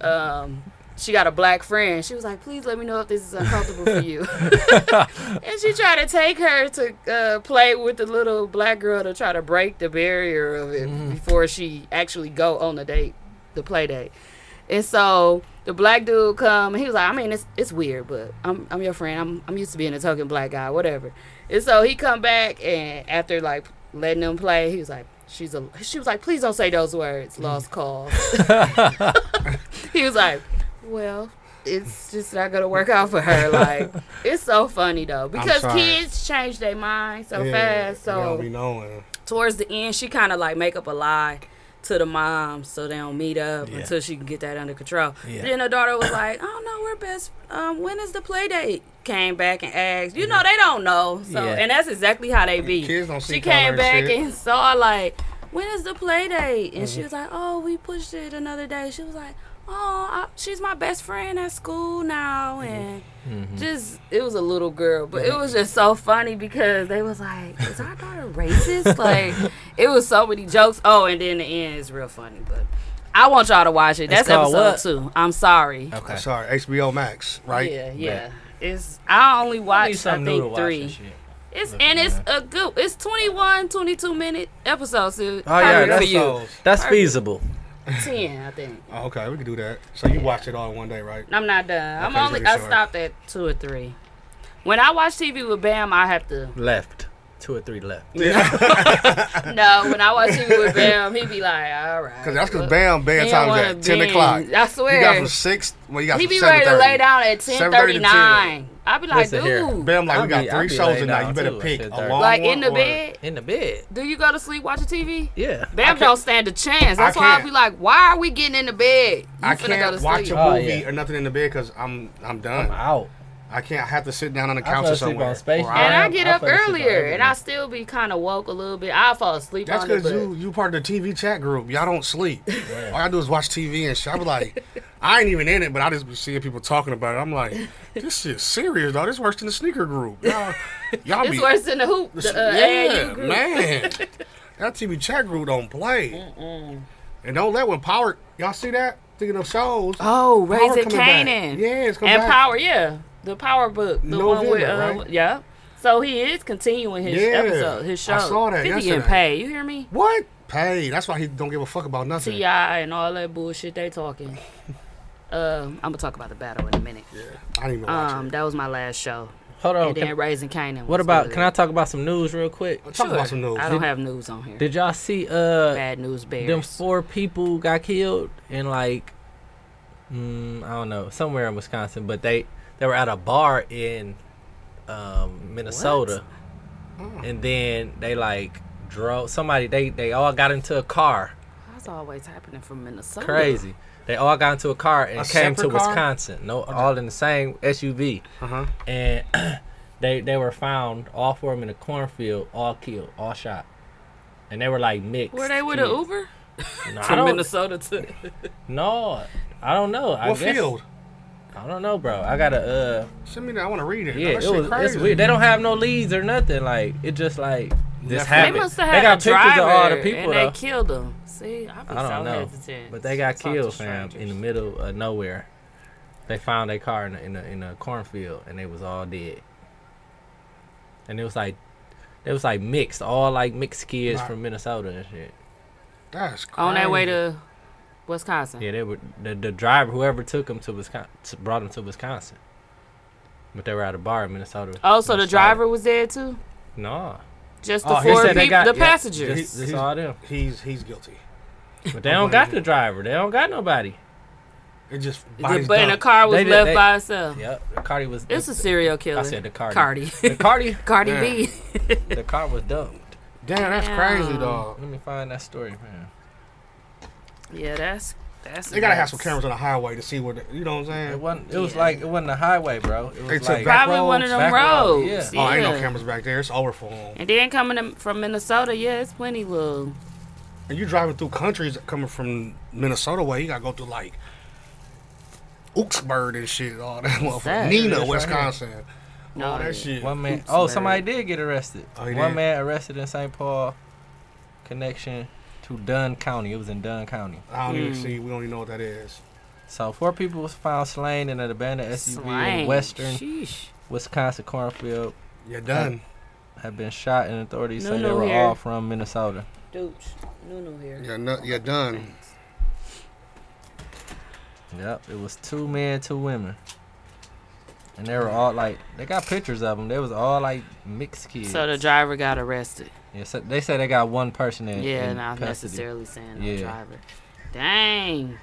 [SPEAKER 6] Um, she got a black friend. She was like, "Please let me know if this is uncomfortable for you." [laughs] and she tried to take her to uh, play with the little black girl to try to break the barrier of it before she actually go on the date, the play date. And so the black dude come and he was like, I mean, it's it's weird, but I'm I'm your friend. I'm I'm used to being a token black guy, whatever. And so he come back and after like letting them play, he was like, She's a she was like, Please don't say those words, lost cause. [laughs] he was like, Well, it's just not gonna work out for her.
[SPEAKER 7] [laughs]
[SPEAKER 6] Like, it's so funny though. Because
[SPEAKER 7] sorry.
[SPEAKER 6] kids change their mind so fast. So
[SPEAKER 7] they don't be knowing.
[SPEAKER 6] towards the end, she kind of like make up a lie to the mom so they don't meet up
[SPEAKER 8] Yeah.
[SPEAKER 6] until she can get that under control.
[SPEAKER 8] Yeah.
[SPEAKER 6] Then her daughter was like, "Oh no, we're best. Um, when is the play date?" Came back and asked. You know they don't know. So
[SPEAKER 8] Yeah.
[SPEAKER 6] and that's exactly how they be.
[SPEAKER 7] Kids don't see
[SPEAKER 6] she
[SPEAKER 7] color
[SPEAKER 6] came
[SPEAKER 7] and
[SPEAKER 6] back
[SPEAKER 7] shit.
[SPEAKER 6] and saw like, "When is the play date?" And she was like, "Oh, we pushed it another day." She was like, "Oh, I, she's my best friend at school now," and
[SPEAKER 8] Mm-hmm.
[SPEAKER 6] just it was a little girl, but it was just so funny because they was like, "Is our daughter racist?" like it was so many jokes. Oh, and then the end is real funny, but I want y'all to watch it.
[SPEAKER 8] It's
[SPEAKER 6] That's
[SPEAKER 8] called
[SPEAKER 6] episode two.
[SPEAKER 8] what?
[SPEAKER 6] I'm sorry.
[SPEAKER 8] Okay.
[SPEAKER 7] I'm sorry. HBO Max, right?
[SPEAKER 6] Yeah, yeah. It's I only
[SPEAKER 8] I need
[SPEAKER 6] watched I,
[SPEAKER 8] something new to
[SPEAKER 6] think
[SPEAKER 8] watch and
[SPEAKER 6] three.
[SPEAKER 8] shit.
[SPEAKER 6] It's and it's a good. It's 21, 22 minute episodes. So
[SPEAKER 8] Oh yeah,
[SPEAKER 6] perfect for
[SPEAKER 8] that's
[SPEAKER 6] you.
[SPEAKER 8] that's feasible.
[SPEAKER 6] Ten, I think.
[SPEAKER 7] Oh, okay, we can do that. So you watch it all in one day, [laughs] right?
[SPEAKER 6] I'm not done. I'm
[SPEAKER 7] Okay,
[SPEAKER 6] only.
[SPEAKER 7] so
[SPEAKER 6] I
[SPEAKER 7] you're
[SPEAKER 6] stopped at two or three. When I watch TV with Bam, I have to.
[SPEAKER 8] Left. two or three left.
[SPEAKER 6] No, when I watch TV with Bam, he be like, all right.
[SPEAKER 7] [laughs] Cause that's cause Bam bedtime's
[SPEAKER 6] wanna
[SPEAKER 7] at ten
[SPEAKER 6] bend.
[SPEAKER 7] o'clock.
[SPEAKER 6] I
[SPEAKER 7] You got
[SPEAKER 6] swear.
[SPEAKER 7] from six. Well, you got
[SPEAKER 6] he
[SPEAKER 7] from
[SPEAKER 6] be
[SPEAKER 7] seven
[SPEAKER 6] ready to
[SPEAKER 7] thirty.
[SPEAKER 6] lay down at
[SPEAKER 7] 7:30 to 10.
[SPEAKER 6] 10:39. I be like,
[SPEAKER 8] Listen here.
[SPEAKER 6] dude,
[SPEAKER 7] Bam, like
[SPEAKER 8] I
[SPEAKER 7] we got
[SPEAKER 8] be- I
[SPEAKER 7] three
[SPEAKER 8] be
[SPEAKER 7] shows
[SPEAKER 8] laying
[SPEAKER 7] tonight.
[SPEAKER 8] down
[SPEAKER 7] you better
[SPEAKER 8] too at
[SPEAKER 7] pick a
[SPEAKER 8] 10:30.
[SPEAKER 7] long
[SPEAKER 6] like
[SPEAKER 7] one
[SPEAKER 6] in the
[SPEAKER 7] or-
[SPEAKER 6] bed.
[SPEAKER 8] In the bed.
[SPEAKER 6] Do you go to sleep watching TV?
[SPEAKER 8] Yeah.
[SPEAKER 6] Bam don't stand a chance. That's why I
[SPEAKER 7] can't-
[SPEAKER 6] be like, why are we getting in the bed? You
[SPEAKER 7] I
[SPEAKER 6] finna go
[SPEAKER 7] can't
[SPEAKER 6] to
[SPEAKER 7] watch a
[SPEAKER 6] sleep.
[SPEAKER 8] Oh,
[SPEAKER 7] movie
[SPEAKER 8] yeah.
[SPEAKER 7] or nothing in the bed because I'm I'm done.
[SPEAKER 8] I'm
[SPEAKER 7] I,
[SPEAKER 8] out.
[SPEAKER 7] can't. I have to sit down on the
[SPEAKER 8] I
[SPEAKER 7] couch
[SPEAKER 8] fell
[SPEAKER 7] or
[SPEAKER 8] asleep
[SPEAKER 7] somewhere.
[SPEAKER 8] on Space
[SPEAKER 7] Or I-
[SPEAKER 6] and
[SPEAKER 8] I
[SPEAKER 6] I,
[SPEAKER 8] am-
[SPEAKER 6] get
[SPEAKER 8] I
[SPEAKER 6] up
[SPEAKER 8] fall asleep on
[SPEAKER 6] earlier, and
[SPEAKER 8] everything.
[SPEAKER 6] I still be kind of woke a little bit. I fall asleep
[SPEAKER 7] That's
[SPEAKER 6] on it,
[SPEAKER 7] because
[SPEAKER 6] but
[SPEAKER 7] you you part of the TV chat group. Y'all don't
[SPEAKER 8] [laughs]
[SPEAKER 7] sleep. All I do is watch TV and shit. I
[SPEAKER 6] [laughs]
[SPEAKER 7] be like, I ain't even in it, but I just be seeing people talking about it. I'm like, this shit's serious, though. This worse than the sneaker
[SPEAKER 6] [laughs]
[SPEAKER 7] group. Y'all, y'all
[SPEAKER 6] it's
[SPEAKER 7] be
[SPEAKER 6] worse than the hoop. The, uh,
[SPEAKER 7] yeah,
[SPEAKER 6] AAU group.
[SPEAKER 7] man.
[SPEAKER 6] [laughs]
[SPEAKER 7] That TV chat group don't play. And don't let when power. Y'all see that? Thinking of shows.
[SPEAKER 6] Oh,
[SPEAKER 7] Power
[SPEAKER 6] Raising
[SPEAKER 7] coming back.
[SPEAKER 6] Canaan.
[SPEAKER 7] Yeah, it's coming
[SPEAKER 6] and
[SPEAKER 7] back.
[SPEAKER 6] Power, yeah, the Power book, the one with,
[SPEAKER 7] November,
[SPEAKER 6] uh,
[SPEAKER 7] right?
[SPEAKER 6] yeah. So he is continuing his
[SPEAKER 7] Yeah,
[SPEAKER 6] episode, his show.
[SPEAKER 7] I saw that
[SPEAKER 6] He be
[SPEAKER 7] yesterday.
[SPEAKER 6] getting paid. You hear me?
[SPEAKER 7] What? Pay. That's why he don't give a fuck about nothing.
[SPEAKER 6] Ti and all that bullshit they
[SPEAKER 7] [laughs]
[SPEAKER 6] talking. Um, I'm gonna talk about the battle in a minute.
[SPEAKER 7] I didn't even watch
[SPEAKER 6] Um,
[SPEAKER 7] it.
[SPEAKER 6] that was my last show,
[SPEAKER 8] Hold on.
[SPEAKER 6] and then
[SPEAKER 8] Oh, can-
[SPEAKER 6] Raising Canaan.
[SPEAKER 8] what
[SPEAKER 6] was
[SPEAKER 8] about?
[SPEAKER 6] good.
[SPEAKER 8] Can I talk about some news real quick?
[SPEAKER 7] Talk about some news.
[SPEAKER 6] I don't have news on here.
[SPEAKER 8] Did y'all see uh
[SPEAKER 6] Bad news bears.
[SPEAKER 8] them four people got killed in like mm, I don't know somewhere in Wisconsin, but they they were at a bar in um, Minnesota, and then they like drove somebody. They they all got into a car.
[SPEAKER 6] That's always happening from Minnesota.
[SPEAKER 8] Crazy. They all got into a car and
[SPEAKER 7] A
[SPEAKER 8] came to
[SPEAKER 7] separate car?
[SPEAKER 8] Wisconsin. No, all in the same SUV.
[SPEAKER 7] Uh-huh.
[SPEAKER 8] And [clears throat] they they were found all four of them in a cornfield, all killed, all shot. And they were like mixed.
[SPEAKER 6] Were they with
[SPEAKER 8] kids.
[SPEAKER 6] an Uber
[SPEAKER 8] No, I
[SPEAKER 6] from
[SPEAKER 8] don't,
[SPEAKER 6] Minnesota to?
[SPEAKER 8] no, I don't know. I
[SPEAKER 7] What
[SPEAKER 8] guess,
[SPEAKER 7] field?
[SPEAKER 8] I don't know, bro. I gotta uh
[SPEAKER 7] Send me that. I want to read it.
[SPEAKER 8] yeah,
[SPEAKER 7] that
[SPEAKER 8] it
[SPEAKER 7] shit
[SPEAKER 8] was it's
[SPEAKER 7] crazy.
[SPEAKER 8] weird. They don't have no leads or nothing. Like it just like this
[SPEAKER 7] They
[SPEAKER 8] happened.
[SPEAKER 6] They must have
[SPEAKER 8] They
[SPEAKER 6] had
[SPEAKER 8] got
[SPEAKER 6] a
[SPEAKER 8] pictures
[SPEAKER 6] driver
[SPEAKER 8] of all the people
[SPEAKER 6] and they
[SPEAKER 8] though.
[SPEAKER 6] killed them. See, I, be
[SPEAKER 8] I don't
[SPEAKER 6] so
[SPEAKER 8] know,
[SPEAKER 6] hesitant
[SPEAKER 8] but they
[SPEAKER 6] to
[SPEAKER 8] got
[SPEAKER 6] talk to
[SPEAKER 8] killed, fam, in the
[SPEAKER 6] strangers.
[SPEAKER 8] middle of nowhere. They found their car in a, in a in a cornfield, and they was all dead. And it was like, they was like mixed, all like mixed kids
[SPEAKER 7] Right.
[SPEAKER 8] from Minnesota and shit.
[SPEAKER 7] That's crazy.
[SPEAKER 6] on their way to Wisconsin.
[SPEAKER 8] Yeah, they were the, the driver, whoever took them to Wisconsin, brought them to Wisconsin. But they were at a bar in Minnesota.
[SPEAKER 6] Oh, so the
[SPEAKER 8] Minnesota.
[SPEAKER 6] driver was dead too?
[SPEAKER 8] Nah,
[SPEAKER 6] Just the
[SPEAKER 8] Oh,
[SPEAKER 6] four
[SPEAKER 8] he said they
[SPEAKER 6] people,
[SPEAKER 8] got-
[SPEAKER 6] the
[SPEAKER 8] yeah,
[SPEAKER 6] passengers.
[SPEAKER 8] just, just all them.
[SPEAKER 7] He's he's guilty.
[SPEAKER 8] [laughs] But they don't got the driver. They don't got nobody.
[SPEAKER 7] It just
[SPEAKER 6] The-
[SPEAKER 7] bodies
[SPEAKER 6] but and the
[SPEAKER 7] dumb.
[SPEAKER 6] car was
[SPEAKER 8] They did-
[SPEAKER 6] left
[SPEAKER 8] they-
[SPEAKER 6] by itself.
[SPEAKER 8] Yep, Cardi was.
[SPEAKER 6] It's a serial killer.
[SPEAKER 8] I said the Cardi.
[SPEAKER 6] Cardi.
[SPEAKER 8] The Cardi.
[SPEAKER 6] [laughs] Cardi
[SPEAKER 7] Yeah.
[SPEAKER 6] B.
[SPEAKER 8] the car was dumped.
[SPEAKER 7] Damn, that's crazy, dog.
[SPEAKER 8] Let me find that story, man.
[SPEAKER 6] Yeah, that's that's.
[SPEAKER 7] They gotta
[SPEAKER 6] nuts.
[SPEAKER 7] have some cameras on the highway to see what the, you know what I'm
[SPEAKER 8] It
[SPEAKER 7] saying.
[SPEAKER 8] wasn't. It was
[SPEAKER 6] Yeah.
[SPEAKER 8] like it wasn't a highway, bro. It
[SPEAKER 7] They
[SPEAKER 8] was
[SPEAKER 7] took
[SPEAKER 8] like
[SPEAKER 7] back
[SPEAKER 6] Probably one of
[SPEAKER 8] roads,
[SPEAKER 6] them
[SPEAKER 8] back
[SPEAKER 6] roads.
[SPEAKER 8] Yeah.
[SPEAKER 7] Oh, ain't no
[SPEAKER 6] Yeah.
[SPEAKER 7] cameras back there. It's over for 'em.
[SPEAKER 6] And then coming in- from Minnesota, yeah, it's plenty little.
[SPEAKER 7] And you driving through countries coming from Minnesota way, you gotta go through like Oaksburg and shit, all that motherfucker.
[SPEAKER 6] that?
[SPEAKER 7] Nina,
[SPEAKER 8] That's right
[SPEAKER 7] Wisconsin.
[SPEAKER 6] No,
[SPEAKER 7] all that
[SPEAKER 6] yeah.
[SPEAKER 7] shit.
[SPEAKER 8] One man.
[SPEAKER 6] Oops,
[SPEAKER 8] Oh,
[SPEAKER 6] Mary.
[SPEAKER 8] somebody did get arrested.
[SPEAKER 7] Oh, he
[SPEAKER 8] One
[SPEAKER 7] did?
[SPEAKER 8] man arrested in St. Paul, connection to Dunn County. It was in Dunn County.
[SPEAKER 7] I don't
[SPEAKER 6] Hmm.
[SPEAKER 7] even see. We don't even know what that is.
[SPEAKER 8] So four people was found slain in an abandoned SUV in
[SPEAKER 6] Slang.
[SPEAKER 8] western
[SPEAKER 6] Sheesh.
[SPEAKER 8] Wisconsin cornfield.
[SPEAKER 7] You're done.
[SPEAKER 8] Have been shot, and authorities say they
[SPEAKER 6] Nunu
[SPEAKER 8] were
[SPEAKER 6] here.
[SPEAKER 8] all from Minnesota.
[SPEAKER 6] Dooch. Nunu here.
[SPEAKER 7] You're, nu- you're done.
[SPEAKER 6] Thanks.
[SPEAKER 8] Yep, it was two men, two women. And they were all like, they got pictures of them. They was all like mixed kids.
[SPEAKER 6] So the driver got arrested.
[SPEAKER 8] yeah, so they said they got one person in.
[SPEAKER 6] Yeah,
[SPEAKER 8] in
[SPEAKER 6] not
[SPEAKER 8] custody.
[SPEAKER 6] necessarily saying no
[SPEAKER 8] Yeah.
[SPEAKER 6] driver. Dang,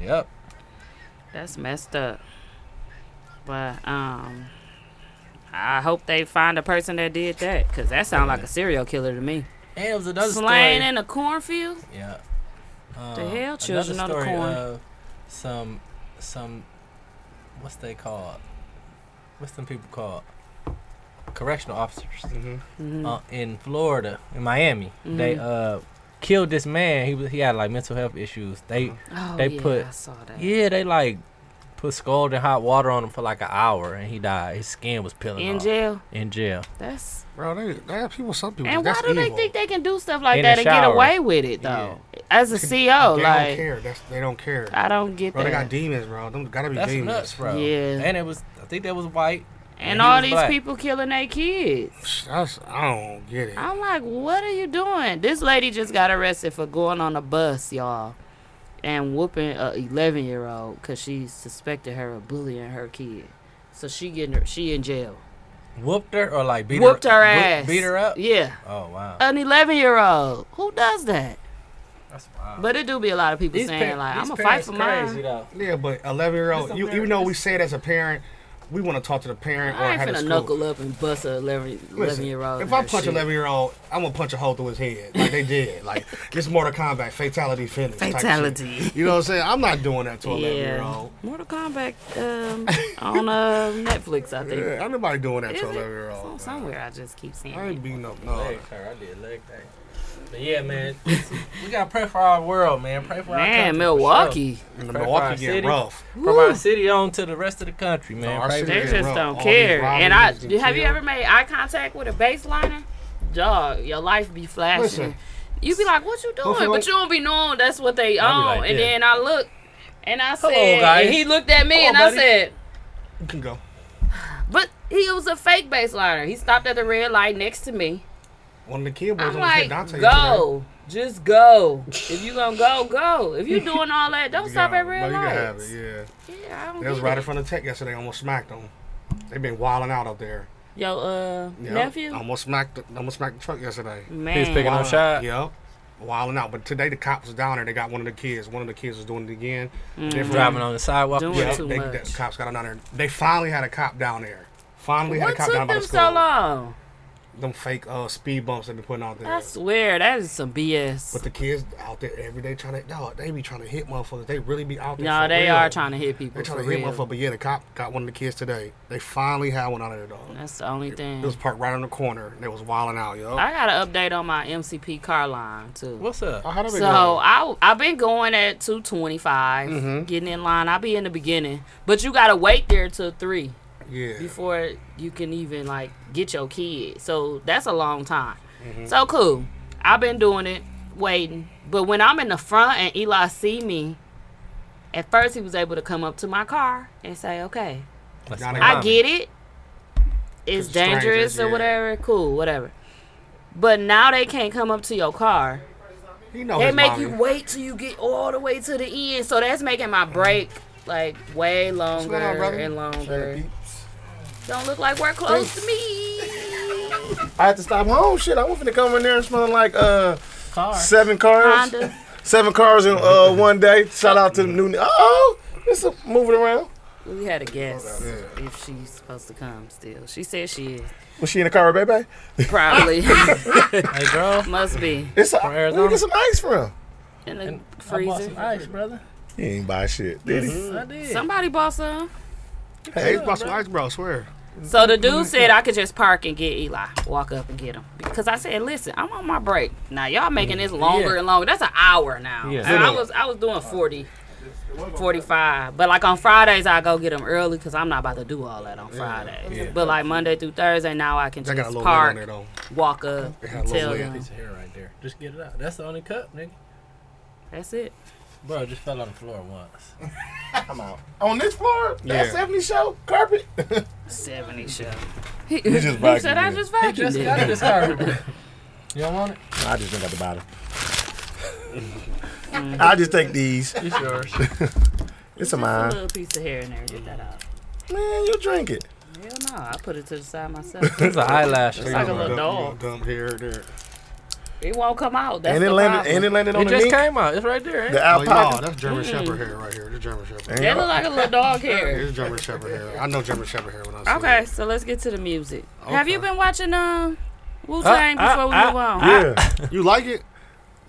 [SPEAKER 8] Yep.
[SPEAKER 6] that's messed up. But um, I hope they find a person that did that, cause that sounds like a serial killer to me.
[SPEAKER 8] And it was another
[SPEAKER 6] Slain
[SPEAKER 8] story.
[SPEAKER 6] in a cornfield.
[SPEAKER 8] yeah.
[SPEAKER 6] The
[SPEAKER 8] Um,
[SPEAKER 6] hell, children of
[SPEAKER 8] another
[SPEAKER 6] the
[SPEAKER 8] story
[SPEAKER 6] corn.
[SPEAKER 8] of some, some, what's they called? What's them people called? Correctional officers.
[SPEAKER 6] Mm-hmm.
[SPEAKER 8] uh, in Florida, in Miami. They uh killed this man. He was he had like mental health issues. They
[SPEAKER 6] Oh,
[SPEAKER 8] they
[SPEAKER 6] yeah,
[SPEAKER 8] put-
[SPEAKER 6] I saw that.
[SPEAKER 8] yeah they like put scalding hot water on him for like an hour, and he died. His skin was peeling
[SPEAKER 6] In
[SPEAKER 8] off.
[SPEAKER 6] jail.
[SPEAKER 8] In jail.
[SPEAKER 6] That's
[SPEAKER 7] Bro, they, they have people, some people.
[SPEAKER 6] and why
[SPEAKER 7] that's
[SPEAKER 6] do they
[SPEAKER 7] evil.
[SPEAKER 6] think they can do stuff like
[SPEAKER 8] In the
[SPEAKER 6] that and get
[SPEAKER 8] shower.
[SPEAKER 6] away with it though? As a CO,
[SPEAKER 7] They don't
[SPEAKER 6] like
[SPEAKER 7] care. That's, they don't care.
[SPEAKER 6] I don't get
[SPEAKER 7] Bro, they
[SPEAKER 6] that.
[SPEAKER 7] got demons, bro. Them gotta be
[SPEAKER 8] That's
[SPEAKER 7] demons.
[SPEAKER 8] nuts, bro.
[SPEAKER 6] Yeah.
[SPEAKER 8] And it was I think that was white.
[SPEAKER 6] and
[SPEAKER 8] he
[SPEAKER 6] all
[SPEAKER 8] was
[SPEAKER 6] these
[SPEAKER 8] black.
[SPEAKER 6] people killing their kids.
[SPEAKER 7] That's, I don't get it.
[SPEAKER 6] I'm like, what are you doing? This lady just got arrested for going on a bus, y'all, and whooping a 11 year old because she suspected her of bullying her kid. So she getting her, she in jail
[SPEAKER 8] whooped her or like beat
[SPEAKER 6] Whooped
[SPEAKER 8] her,
[SPEAKER 6] her
[SPEAKER 8] whoop-
[SPEAKER 6] ass.
[SPEAKER 8] beat her up.
[SPEAKER 6] Yeah.
[SPEAKER 8] Oh wow,
[SPEAKER 6] An 11 year old. Who does that?
[SPEAKER 8] that's wild.
[SPEAKER 6] But it do be a lot of people
[SPEAKER 8] These
[SPEAKER 6] saying,
[SPEAKER 8] pa-
[SPEAKER 6] like, I'm
[SPEAKER 8] these
[SPEAKER 6] going to fight
[SPEAKER 8] parents
[SPEAKER 6] for mine.
[SPEAKER 8] crazy, though.
[SPEAKER 7] Yeah, but eleven year old,
[SPEAKER 8] It's
[SPEAKER 7] you,
[SPEAKER 8] a
[SPEAKER 7] even though we say it as a parent, we want to talk to the parent or
[SPEAKER 6] I ain't
[SPEAKER 7] have the
[SPEAKER 6] finna
[SPEAKER 7] school.
[SPEAKER 6] knuckle up and bust a 11,
[SPEAKER 7] Listen,
[SPEAKER 6] year old.
[SPEAKER 7] If I punch an eleven year old, I'm gonna punch a hole through his head like
[SPEAKER 6] [laughs]
[SPEAKER 7] they did. Like this Mortal Kombat fatality finish. type shit.
[SPEAKER 6] Fatality.
[SPEAKER 7] You know what I'm saying? I'm not doing that to an eleven year
[SPEAKER 6] Yeah.
[SPEAKER 7] old.
[SPEAKER 6] Mortal Kombat um, [laughs] on uh, Netflix, I think.
[SPEAKER 7] Yeah, ain't nobody doing that
[SPEAKER 6] Is
[SPEAKER 7] to an
[SPEAKER 6] it?
[SPEAKER 7] eleven year
[SPEAKER 6] Some-
[SPEAKER 7] old.
[SPEAKER 6] Somewhere I just keep seeing
[SPEAKER 7] I
[SPEAKER 6] it.
[SPEAKER 7] ain't beating up no.
[SPEAKER 8] Leg her, I did leg day. But yeah,
[SPEAKER 6] [laughs]
[SPEAKER 8] man, we gotta pray for our world, man. Pray for our country,
[SPEAKER 6] Man,
[SPEAKER 8] for
[SPEAKER 6] Milwaukee.
[SPEAKER 7] And the
[SPEAKER 8] Pray for our
[SPEAKER 7] Milwaukee get
[SPEAKER 8] city.
[SPEAKER 7] rough.
[SPEAKER 8] sure. From our city on to the rest of the country, man.
[SPEAKER 7] our
[SPEAKER 8] Pray for
[SPEAKER 7] city
[SPEAKER 6] They
[SPEAKER 7] Yeah,
[SPEAKER 8] them.
[SPEAKER 6] just
[SPEAKER 7] bro, all
[SPEAKER 6] don't
[SPEAKER 7] these
[SPEAKER 6] care. And I
[SPEAKER 7] robberies and
[SPEAKER 6] have you
[SPEAKER 7] jail.
[SPEAKER 6] ever made eye contact with a baseliner? Dog, your life be flashing.
[SPEAKER 7] Listen.
[SPEAKER 6] you be like, "What you doing?"
[SPEAKER 7] Hopefully-
[SPEAKER 6] But you don't be knowing that's what they
[SPEAKER 8] I
[SPEAKER 6] own.
[SPEAKER 8] be like,
[SPEAKER 6] and
[SPEAKER 8] yeah.
[SPEAKER 6] then I look, and I
[SPEAKER 8] Hello,
[SPEAKER 6] said,
[SPEAKER 8] guys.
[SPEAKER 6] and he looked at me,
[SPEAKER 8] Come on,
[SPEAKER 6] and
[SPEAKER 8] buddy.
[SPEAKER 6] I said,
[SPEAKER 7] You can go.
[SPEAKER 6] "But he was a fake baseliner. He stopped at the red light next to me.
[SPEAKER 7] One of the kid boys
[SPEAKER 6] I'm
[SPEAKER 7] almost hit
[SPEAKER 6] like,
[SPEAKER 7] Dante. yesterday.
[SPEAKER 6] go." Just go. If you gonna go, go. If
[SPEAKER 8] [laughs]
[SPEAKER 6] you doing all that, don't stop
[SPEAKER 7] Yeah,
[SPEAKER 6] at red
[SPEAKER 7] bro, you can have
[SPEAKER 6] lights.
[SPEAKER 7] it, Yeah.
[SPEAKER 6] Yeah, I don't
[SPEAKER 7] They was
[SPEAKER 6] get
[SPEAKER 7] right
[SPEAKER 6] it.
[SPEAKER 7] in front of Tech yesterday. Almost smacked them. They've been wilding out up there.
[SPEAKER 6] Yo, uh,
[SPEAKER 7] Yeah.
[SPEAKER 6] nephew.
[SPEAKER 7] Almost smacked. The, almost smacked the truck yesterday.
[SPEAKER 6] Man,
[SPEAKER 8] He's picking on
[SPEAKER 7] Wildin'.
[SPEAKER 8] shot.
[SPEAKER 7] Yep. Wilding out. But today the cops was down there. They got one of the kids. One of the kids was doing it again. Different-
[SPEAKER 8] Driving on the sidewalk.
[SPEAKER 6] Doing
[SPEAKER 7] Yeah,
[SPEAKER 6] it Mm. too
[SPEAKER 7] they,
[SPEAKER 6] much.
[SPEAKER 7] the cops got him down there. They finally had a cop down there. Finally had a
[SPEAKER 6] what
[SPEAKER 7] cop down
[SPEAKER 6] took
[SPEAKER 7] by the
[SPEAKER 6] them
[SPEAKER 7] school.
[SPEAKER 6] so long?
[SPEAKER 7] Them fake uh, speed bumps they been putting out there.
[SPEAKER 6] I swear that is some
[SPEAKER 7] but
[SPEAKER 6] BS.
[SPEAKER 7] the kids out there every day trying to dog. They be trying to hit motherfuckers. They really be out there.
[SPEAKER 6] No,
[SPEAKER 7] for
[SPEAKER 6] they
[SPEAKER 7] real.
[SPEAKER 6] are trying to hit people.
[SPEAKER 7] They trying
[SPEAKER 6] for
[SPEAKER 7] to hit
[SPEAKER 6] real.
[SPEAKER 7] motherfuckers. But yeah, the cop got one of the kids today. They finally had one out of there dog.
[SPEAKER 6] That's the only thing.
[SPEAKER 7] It was parked right on the corner. and They was wilding out, yo.
[SPEAKER 6] I got an update on my MCP car line too.
[SPEAKER 8] What's up?
[SPEAKER 7] Oh, how they been
[SPEAKER 6] So I I've been going at two
[SPEAKER 7] Mm-hmm.
[SPEAKER 6] getting in line. I'll be in the beginning, but you gotta wait there till three
[SPEAKER 7] going? yeah.
[SPEAKER 6] before you can even like get your kid. So that's a long time.
[SPEAKER 7] Mm-hmm.
[SPEAKER 6] So cool. I've been doing it, waiting. But when I'm in the front and Eli see me, at first he was able to come up to my car and say, "Okay,
[SPEAKER 8] That's
[SPEAKER 7] I
[SPEAKER 8] my
[SPEAKER 6] I
[SPEAKER 8] mama.
[SPEAKER 6] get it. It's
[SPEAKER 7] Cause
[SPEAKER 6] dangerous
[SPEAKER 7] strangers,
[SPEAKER 6] or
[SPEAKER 7] yeah.
[SPEAKER 6] whatever. Cool, whatever. But now they can't come up to your car.
[SPEAKER 7] He know
[SPEAKER 6] They
[SPEAKER 7] his
[SPEAKER 6] make
[SPEAKER 7] mommy.
[SPEAKER 6] you wait till you get all the way to the end. So that's making my break like way
[SPEAKER 7] What's
[SPEAKER 6] longer
[SPEAKER 7] going on, brother?
[SPEAKER 6] and
[SPEAKER 4] Trying
[SPEAKER 6] longer.
[SPEAKER 4] to pee.
[SPEAKER 6] Don't look like we're close to me. [laughs]
[SPEAKER 4] I had to stop home. Shit, I was finna come in there and smelling like uh
[SPEAKER 8] Car.
[SPEAKER 4] seven cars,
[SPEAKER 6] Honda.
[SPEAKER 4] seven cars in uh one day. Shout out to the new. Oh, it's a, moving around.
[SPEAKER 6] We had a guess if she's supposed to come still. She said she is.
[SPEAKER 4] Was she in the car, with baby?
[SPEAKER 6] [laughs] Probably.
[SPEAKER 8] Hey, girl.
[SPEAKER 6] Must be.
[SPEAKER 4] It's a,
[SPEAKER 8] From
[SPEAKER 4] where
[SPEAKER 8] Arizona?
[SPEAKER 4] you get some ice from?
[SPEAKER 6] In the
[SPEAKER 8] I bought some
[SPEAKER 6] freezer.
[SPEAKER 8] ice, brother.
[SPEAKER 4] He ain't buy shit, did he?
[SPEAKER 8] I did.
[SPEAKER 6] Somebody bought some.
[SPEAKER 8] Mm-hmm.
[SPEAKER 7] Hey, he's about some ice, bro. I swear.
[SPEAKER 6] So the dude said I could just park and get Eli, walk up and get him. Because I said, listen, I'm on my break. Now y'all making this longer
[SPEAKER 8] Mm-hmm. Yeah.
[SPEAKER 6] and longer. That's an hour now.
[SPEAKER 8] Yeah. Uh,
[SPEAKER 6] And I was I was doing 40, 45. But like on Fridays I go get them early because I'm not about to do all that on Fridays.
[SPEAKER 8] Yeah.
[SPEAKER 6] But like Monday through Thursday now I can
[SPEAKER 7] They
[SPEAKER 6] just
[SPEAKER 7] got a little park.
[SPEAKER 6] park,
[SPEAKER 7] on there though.
[SPEAKER 6] walk up,
[SPEAKER 7] They got a little
[SPEAKER 6] tell
[SPEAKER 7] lid.
[SPEAKER 6] them.
[SPEAKER 8] Piece of hair right there. Just get it out. That's the only cup, nigga.
[SPEAKER 6] That's it.
[SPEAKER 8] Bro, it just fell on the floor [laughs] once.
[SPEAKER 4] I'm out. On this floor, that
[SPEAKER 7] Yeah.
[SPEAKER 4] 70 show carpet.
[SPEAKER 6] 70 show.
[SPEAKER 4] You just
[SPEAKER 6] He said I
[SPEAKER 4] vacuumed it.
[SPEAKER 6] just
[SPEAKER 8] He
[SPEAKER 6] vacuumed
[SPEAKER 8] just
[SPEAKER 6] it.
[SPEAKER 8] got it this carpet. You don't want it?
[SPEAKER 4] I just drink out the bottom.
[SPEAKER 6] Mm-hmm.
[SPEAKER 4] I just take these.
[SPEAKER 8] It's yours.
[SPEAKER 4] [laughs] It's a
[SPEAKER 6] A
[SPEAKER 4] mine.
[SPEAKER 6] little piece of hair in there. Get that out.
[SPEAKER 4] Man, you drink it.
[SPEAKER 6] Hell no, I put it to the side myself.
[SPEAKER 8] It's an eyelash.
[SPEAKER 7] They
[SPEAKER 8] It
[SPEAKER 6] like
[SPEAKER 7] gonna
[SPEAKER 6] a little
[SPEAKER 7] dump-
[SPEAKER 6] dog.
[SPEAKER 7] they gonna Dump here, there.
[SPEAKER 6] it won't come out. That's
[SPEAKER 4] and
[SPEAKER 6] the
[SPEAKER 4] it landed.
[SPEAKER 6] problem.
[SPEAKER 4] And it landed on the
[SPEAKER 8] just
[SPEAKER 4] knee.
[SPEAKER 8] came out. It's right there. Ain't
[SPEAKER 4] The
[SPEAKER 8] it?
[SPEAKER 7] Oh, no,
[SPEAKER 4] alpaca.
[SPEAKER 7] that's German
[SPEAKER 6] Mm.
[SPEAKER 7] Shepherd hair right here. That's German Shepherd.
[SPEAKER 6] That look like a little dog hair.
[SPEAKER 7] [laughs] It's German Shepherd hair. I know German Shepherd hair when I see
[SPEAKER 6] Okay,
[SPEAKER 7] it.
[SPEAKER 6] so let's get to the music. Have you
[SPEAKER 7] Okay.
[SPEAKER 6] been watching um Wu Tang
[SPEAKER 8] Uh, uh,
[SPEAKER 6] before we
[SPEAKER 8] uh,
[SPEAKER 6] move on? I,
[SPEAKER 4] yeah,
[SPEAKER 7] You like it?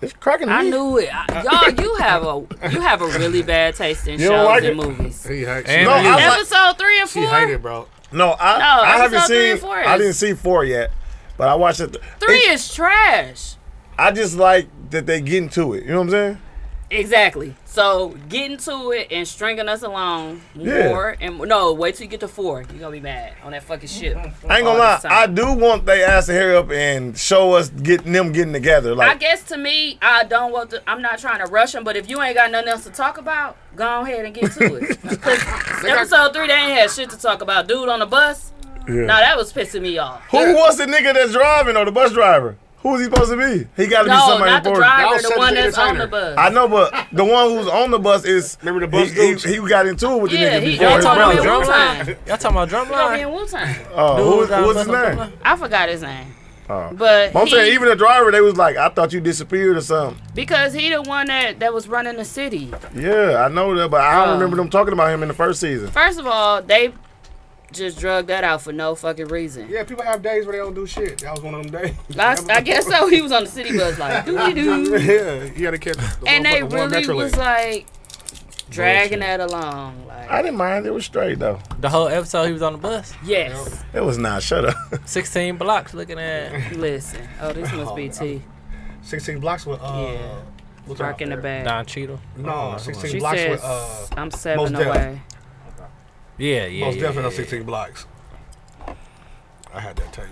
[SPEAKER 4] it's cracking. the knee.
[SPEAKER 6] knew it. I, y'all, you have a you have a really bad taste in
[SPEAKER 4] You
[SPEAKER 6] shows
[SPEAKER 4] don't like
[SPEAKER 6] and
[SPEAKER 4] it?
[SPEAKER 6] movies.
[SPEAKER 7] He hates
[SPEAKER 8] And
[SPEAKER 7] it.
[SPEAKER 4] No, I
[SPEAKER 8] you.
[SPEAKER 4] like,
[SPEAKER 6] Episode three and
[SPEAKER 7] she
[SPEAKER 6] four.
[SPEAKER 7] hate it, bro.
[SPEAKER 4] no, I,
[SPEAKER 6] No,
[SPEAKER 4] I haven't
[SPEAKER 6] episode three
[SPEAKER 4] seen.
[SPEAKER 6] and four
[SPEAKER 4] I
[SPEAKER 6] is-
[SPEAKER 4] didn't see four yet, but I watched it.
[SPEAKER 6] Three
[SPEAKER 4] It-
[SPEAKER 6] is trash.
[SPEAKER 4] I just like that they getting to it. You know what I'm saying?
[SPEAKER 6] Exactly. So getting to it and stringing us along
[SPEAKER 4] Yeah.
[SPEAKER 6] more and no, wait till you get to four. You're gonna be mad on that fucking ship.
[SPEAKER 4] I ain't gonna
[SPEAKER 6] All
[SPEAKER 4] lie.
[SPEAKER 6] this
[SPEAKER 4] I
[SPEAKER 6] time.
[SPEAKER 4] do want they ass to hurry up and show us getting them getting together.
[SPEAKER 6] I
[SPEAKER 4] Like
[SPEAKER 6] guess to me, I don't want to. I'm not trying to rush them, but if you ain't got nothing else to talk about, go ahead and get to it. 'Cause episode three, they ain't had shit to talk about. Dude on the bus.
[SPEAKER 4] Yeah.
[SPEAKER 6] Now that was pissing me off.
[SPEAKER 4] who was the nigga that's driving or the bus driver? Who is he supposed to be? He got to be
[SPEAKER 6] No,
[SPEAKER 4] somebody
[SPEAKER 6] not the
[SPEAKER 4] important.
[SPEAKER 7] Y'all
[SPEAKER 6] driver, the
[SPEAKER 7] said
[SPEAKER 6] one
[SPEAKER 7] the
[SPEAKER 6] that's on the
[SPEAKER 7] entertainer.
[SPEAKER 6] bus.
[SPEAKER 4] I know, but the one who's on the bus is
[SPEAKER 7] Remember the bus
[SPEAKER 4] He,
[SPEAKER 7] dudes?
[SPEAKER 4] he, he got into it with
[SPEAKER 6] Yeah,
[SPEAKER 4] the nigga
[SPEAKER 6] he-
[SPEAKER 4] before
[SPEAKER 6] y'all
[SPEAKER 4] his
[SPEAKER 6] talking about
[SPEAKER 4] brother.
[SPEAKER 6] him? Drumline.
[SPEAKER 8] Y'all talking about
[SPEAKER 6] Gonna be in
[SPEAKER 8] Drumline?
[SPEAKER 6] Wu Tang.
[SPEAKER 4] Uh, who
[SPEAKER 8] Dude,
[SPEAKER 4] was
[SPEAKER 8] I
[SPEAKER 4] who was
[SPEAKER 8] was
[SPEAKER 4] his
[SPEAKER 8] on
[SPEAKER 4] name?
[SPEAKER 8] Drumline.
[SPEAKER 6] I forgot his name.
[SPEAKER 4] Oh.
[SPEAKER 6] But
[SPEAKER 4] But I'm
[SPEAKER 6] he,
[SPEAKER 4] saying even the driver, they was like, I thought you disappeared or something.
[SPEAKER 6] because he the one that, that was running the city.
[SPEAKER 4] Yeah, I know that, but I don't
[SPEAKER 6] Oh.
[SPEAKER 4] remember them talking about him in the first season.
[SPEAKER 6] First of all, they just drug that out for no fucking reason.
[SPEAKER 7] Yeah, people have days where they don't do shit. That was one of them days.
[SPEAKER 6] I, I guess so. He was on the city bus
[SPEAKER 4] [laughs]
[SPEAKER 6] like doo doo.
[SPEAKER 7] [laughs] yeah, you gotta catch. [laughs] The
[SPEAKER 6] And they
[SPEAKER 7] motherfucking
[SPEAKER 6] really
[SPEAKER 7] Metro
[SPEAKER 6] was
[SPEAKER 7] Link.
[SPEAKER 6] like dragging that along.
[SPEAKER 4] I
[SPEAKER 6] Like
[SPEAKER 4] didn't mind. It was straight though.
[SPEAKER 8] The whole episode he was on the bus.
[SPEAKER 6] yes,
[SPEAKER 4] It was not. Shut up.
[SPEAKER 8] 16 blocks
[SPEAKER 6] [laughs]
[SPEAKER 8] looking at.
[SPEAKER 6] listen. Oh, this must be T.
[SPEAKER 7] sixteen blocks with uh,
[SPEAKER 6] Yeah.
[SPEAKER 7] what's
[SPEAKER 6] Park
[SPEAKER 7] her
[SPEAKER 6] in the
[SPEAKER 7] name?
[SPEAKER 6] back.
[SPEAKER 8] Don Cheadle.
[SPEAKER 4] Oh,
[SPEAKER 7] No, sixteen
[SPEAKER 6] She
[SPEAKER 7] blocks
[SPEAKER 6] says
[SPEAKER 7] with uh,
[SPEAKER 6] I'm seven
[SPEAKER 7] Def.
[SPEAKER 6] away.
[SPEAKER 8] Yeah, yeah.
[SPEAKER 7] most
[SPEAKER 8] yeah,
[SPEAKER 7] definitely
[SPEAKER 8] yeah.
[SPEAKER 7] on sixteen blocks. I had that tape.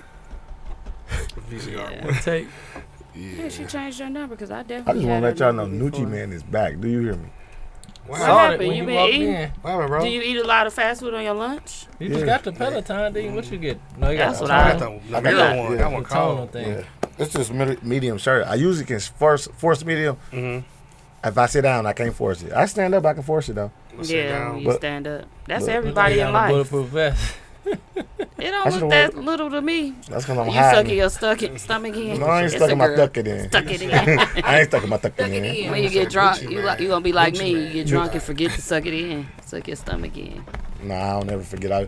[SPEAKER 7] [laughs] VCR. Yeah.
[SPEAKER 8] Take.
[SPEAKER 6] Yeah, she changed her number because I
[SPEAKER 4] I
[SPEAKER 6] definitely.
[SPEAKER 4] just want
[SPEAKER 6] had
[SPEAKER 4] to let
[SPEAKER 6] her
[SPEAKER 4] y'all know,
[SPEAKER 6] number
[SPEAKER 4] Nucci
[SPEAKER 6] before.
[SPEAKER 4] man is back. Do you hear me?
[SPEAKER 7] What
[SPEAKER 8] Saw
[SPEAKER 7] happened?
[SPEAKER 8] that
[SPEAKER 6] happened?
[SPEAKER 8] when
[SPEAKER 6] You
[SPEAKER 8] he
[SPEAKER 6] been
[SPEAKER 8] walked
[SPEAKER 6] eating?
[SPEAKER 8] in.
[SPEAKER 7] What happened, bro?
[SPEAKER 6] Do you eat a lot of fast food on your lunch?
[SPEAKER 8] You
[SPEAKER 4] Yeah.
[SPEAKER 8] just got the Peloton, didn't you? What you get? No, you
[SPEAKER 6] That's
[SPEAKER 8] got
[SPEAKER 6] what
[SPEAKER 8] the
[SPEAKER 7] I
[SPEAKER 6] I-
[SPEAKER 7] got that, I got
[SPEAKER 4] Yeah.
[SPEAKER 7] that one.
[SPEAKER 4] Yeah.
[SPEAKER 7] That one
[SPEAKER 8] tonal
[SPEAKER 7] cold.
[SPEAKER 8] thing.
[SPEAKER 4] It's just mid- medium shirt. I usually can force force medium.
[SPEAKER 7] Mm-hmm.
[SPEAKER 4] If I sit down, I can't force it. I stand up, I can force it though.
[SPEAKER 6] Yeah, when you
[SPEAKER 4] But-
[SPEAKER 6] stand up. That's
[SPEAKER 4] but-
[SPEAKER 6] everybody
[SPEAKER 8] Yeah,
[SPEAKER 6] in
[SPEAKER 8] on a
[SPEAKER 6] life.
[SPEAKER 8] bulletproof vest.
[SPEAKER 6] It
[SPEAKER 4] I
[SPEAKER 6] don't
[SPEAKER 4] should've
[SPEAKER 6] look that little to me.
[SPEAKER 4] That's because I'm
[SPEAKER 6] You stuck in
[SPEAKER 4] hiding.
[SPEAKER 6] your stuck it, stomach in.
[SPEAKER 4] No, I ain't
[SPEAKER 6] It's
[SPEAKER 4] stuck
[SPEAKER 6] a
[SPEAKER 4] in my
[SPEAKER 6] girl.
[SPEAKER 4] duck it in.
[SPEAKER 6] Stuck it
[SPEAKER 4] [laughs]
[SPEAKER 6] in.
[SPEAKER 4] I ain't stuck in my duck it in.
[SPEAKER 6] When you get drunk, you
[SPEAKER 7] man.
[SPEAKER 6] like you gonna be like
[SPEAKER 7] Gucci
[SPEAKER 6] me. You
[SPEAKER 7] man.
[SPEAKER 6] get drunk and forget to suck it in. Suck your stomach in.
[SPEAKER 4] Nah, I'll never forget. I,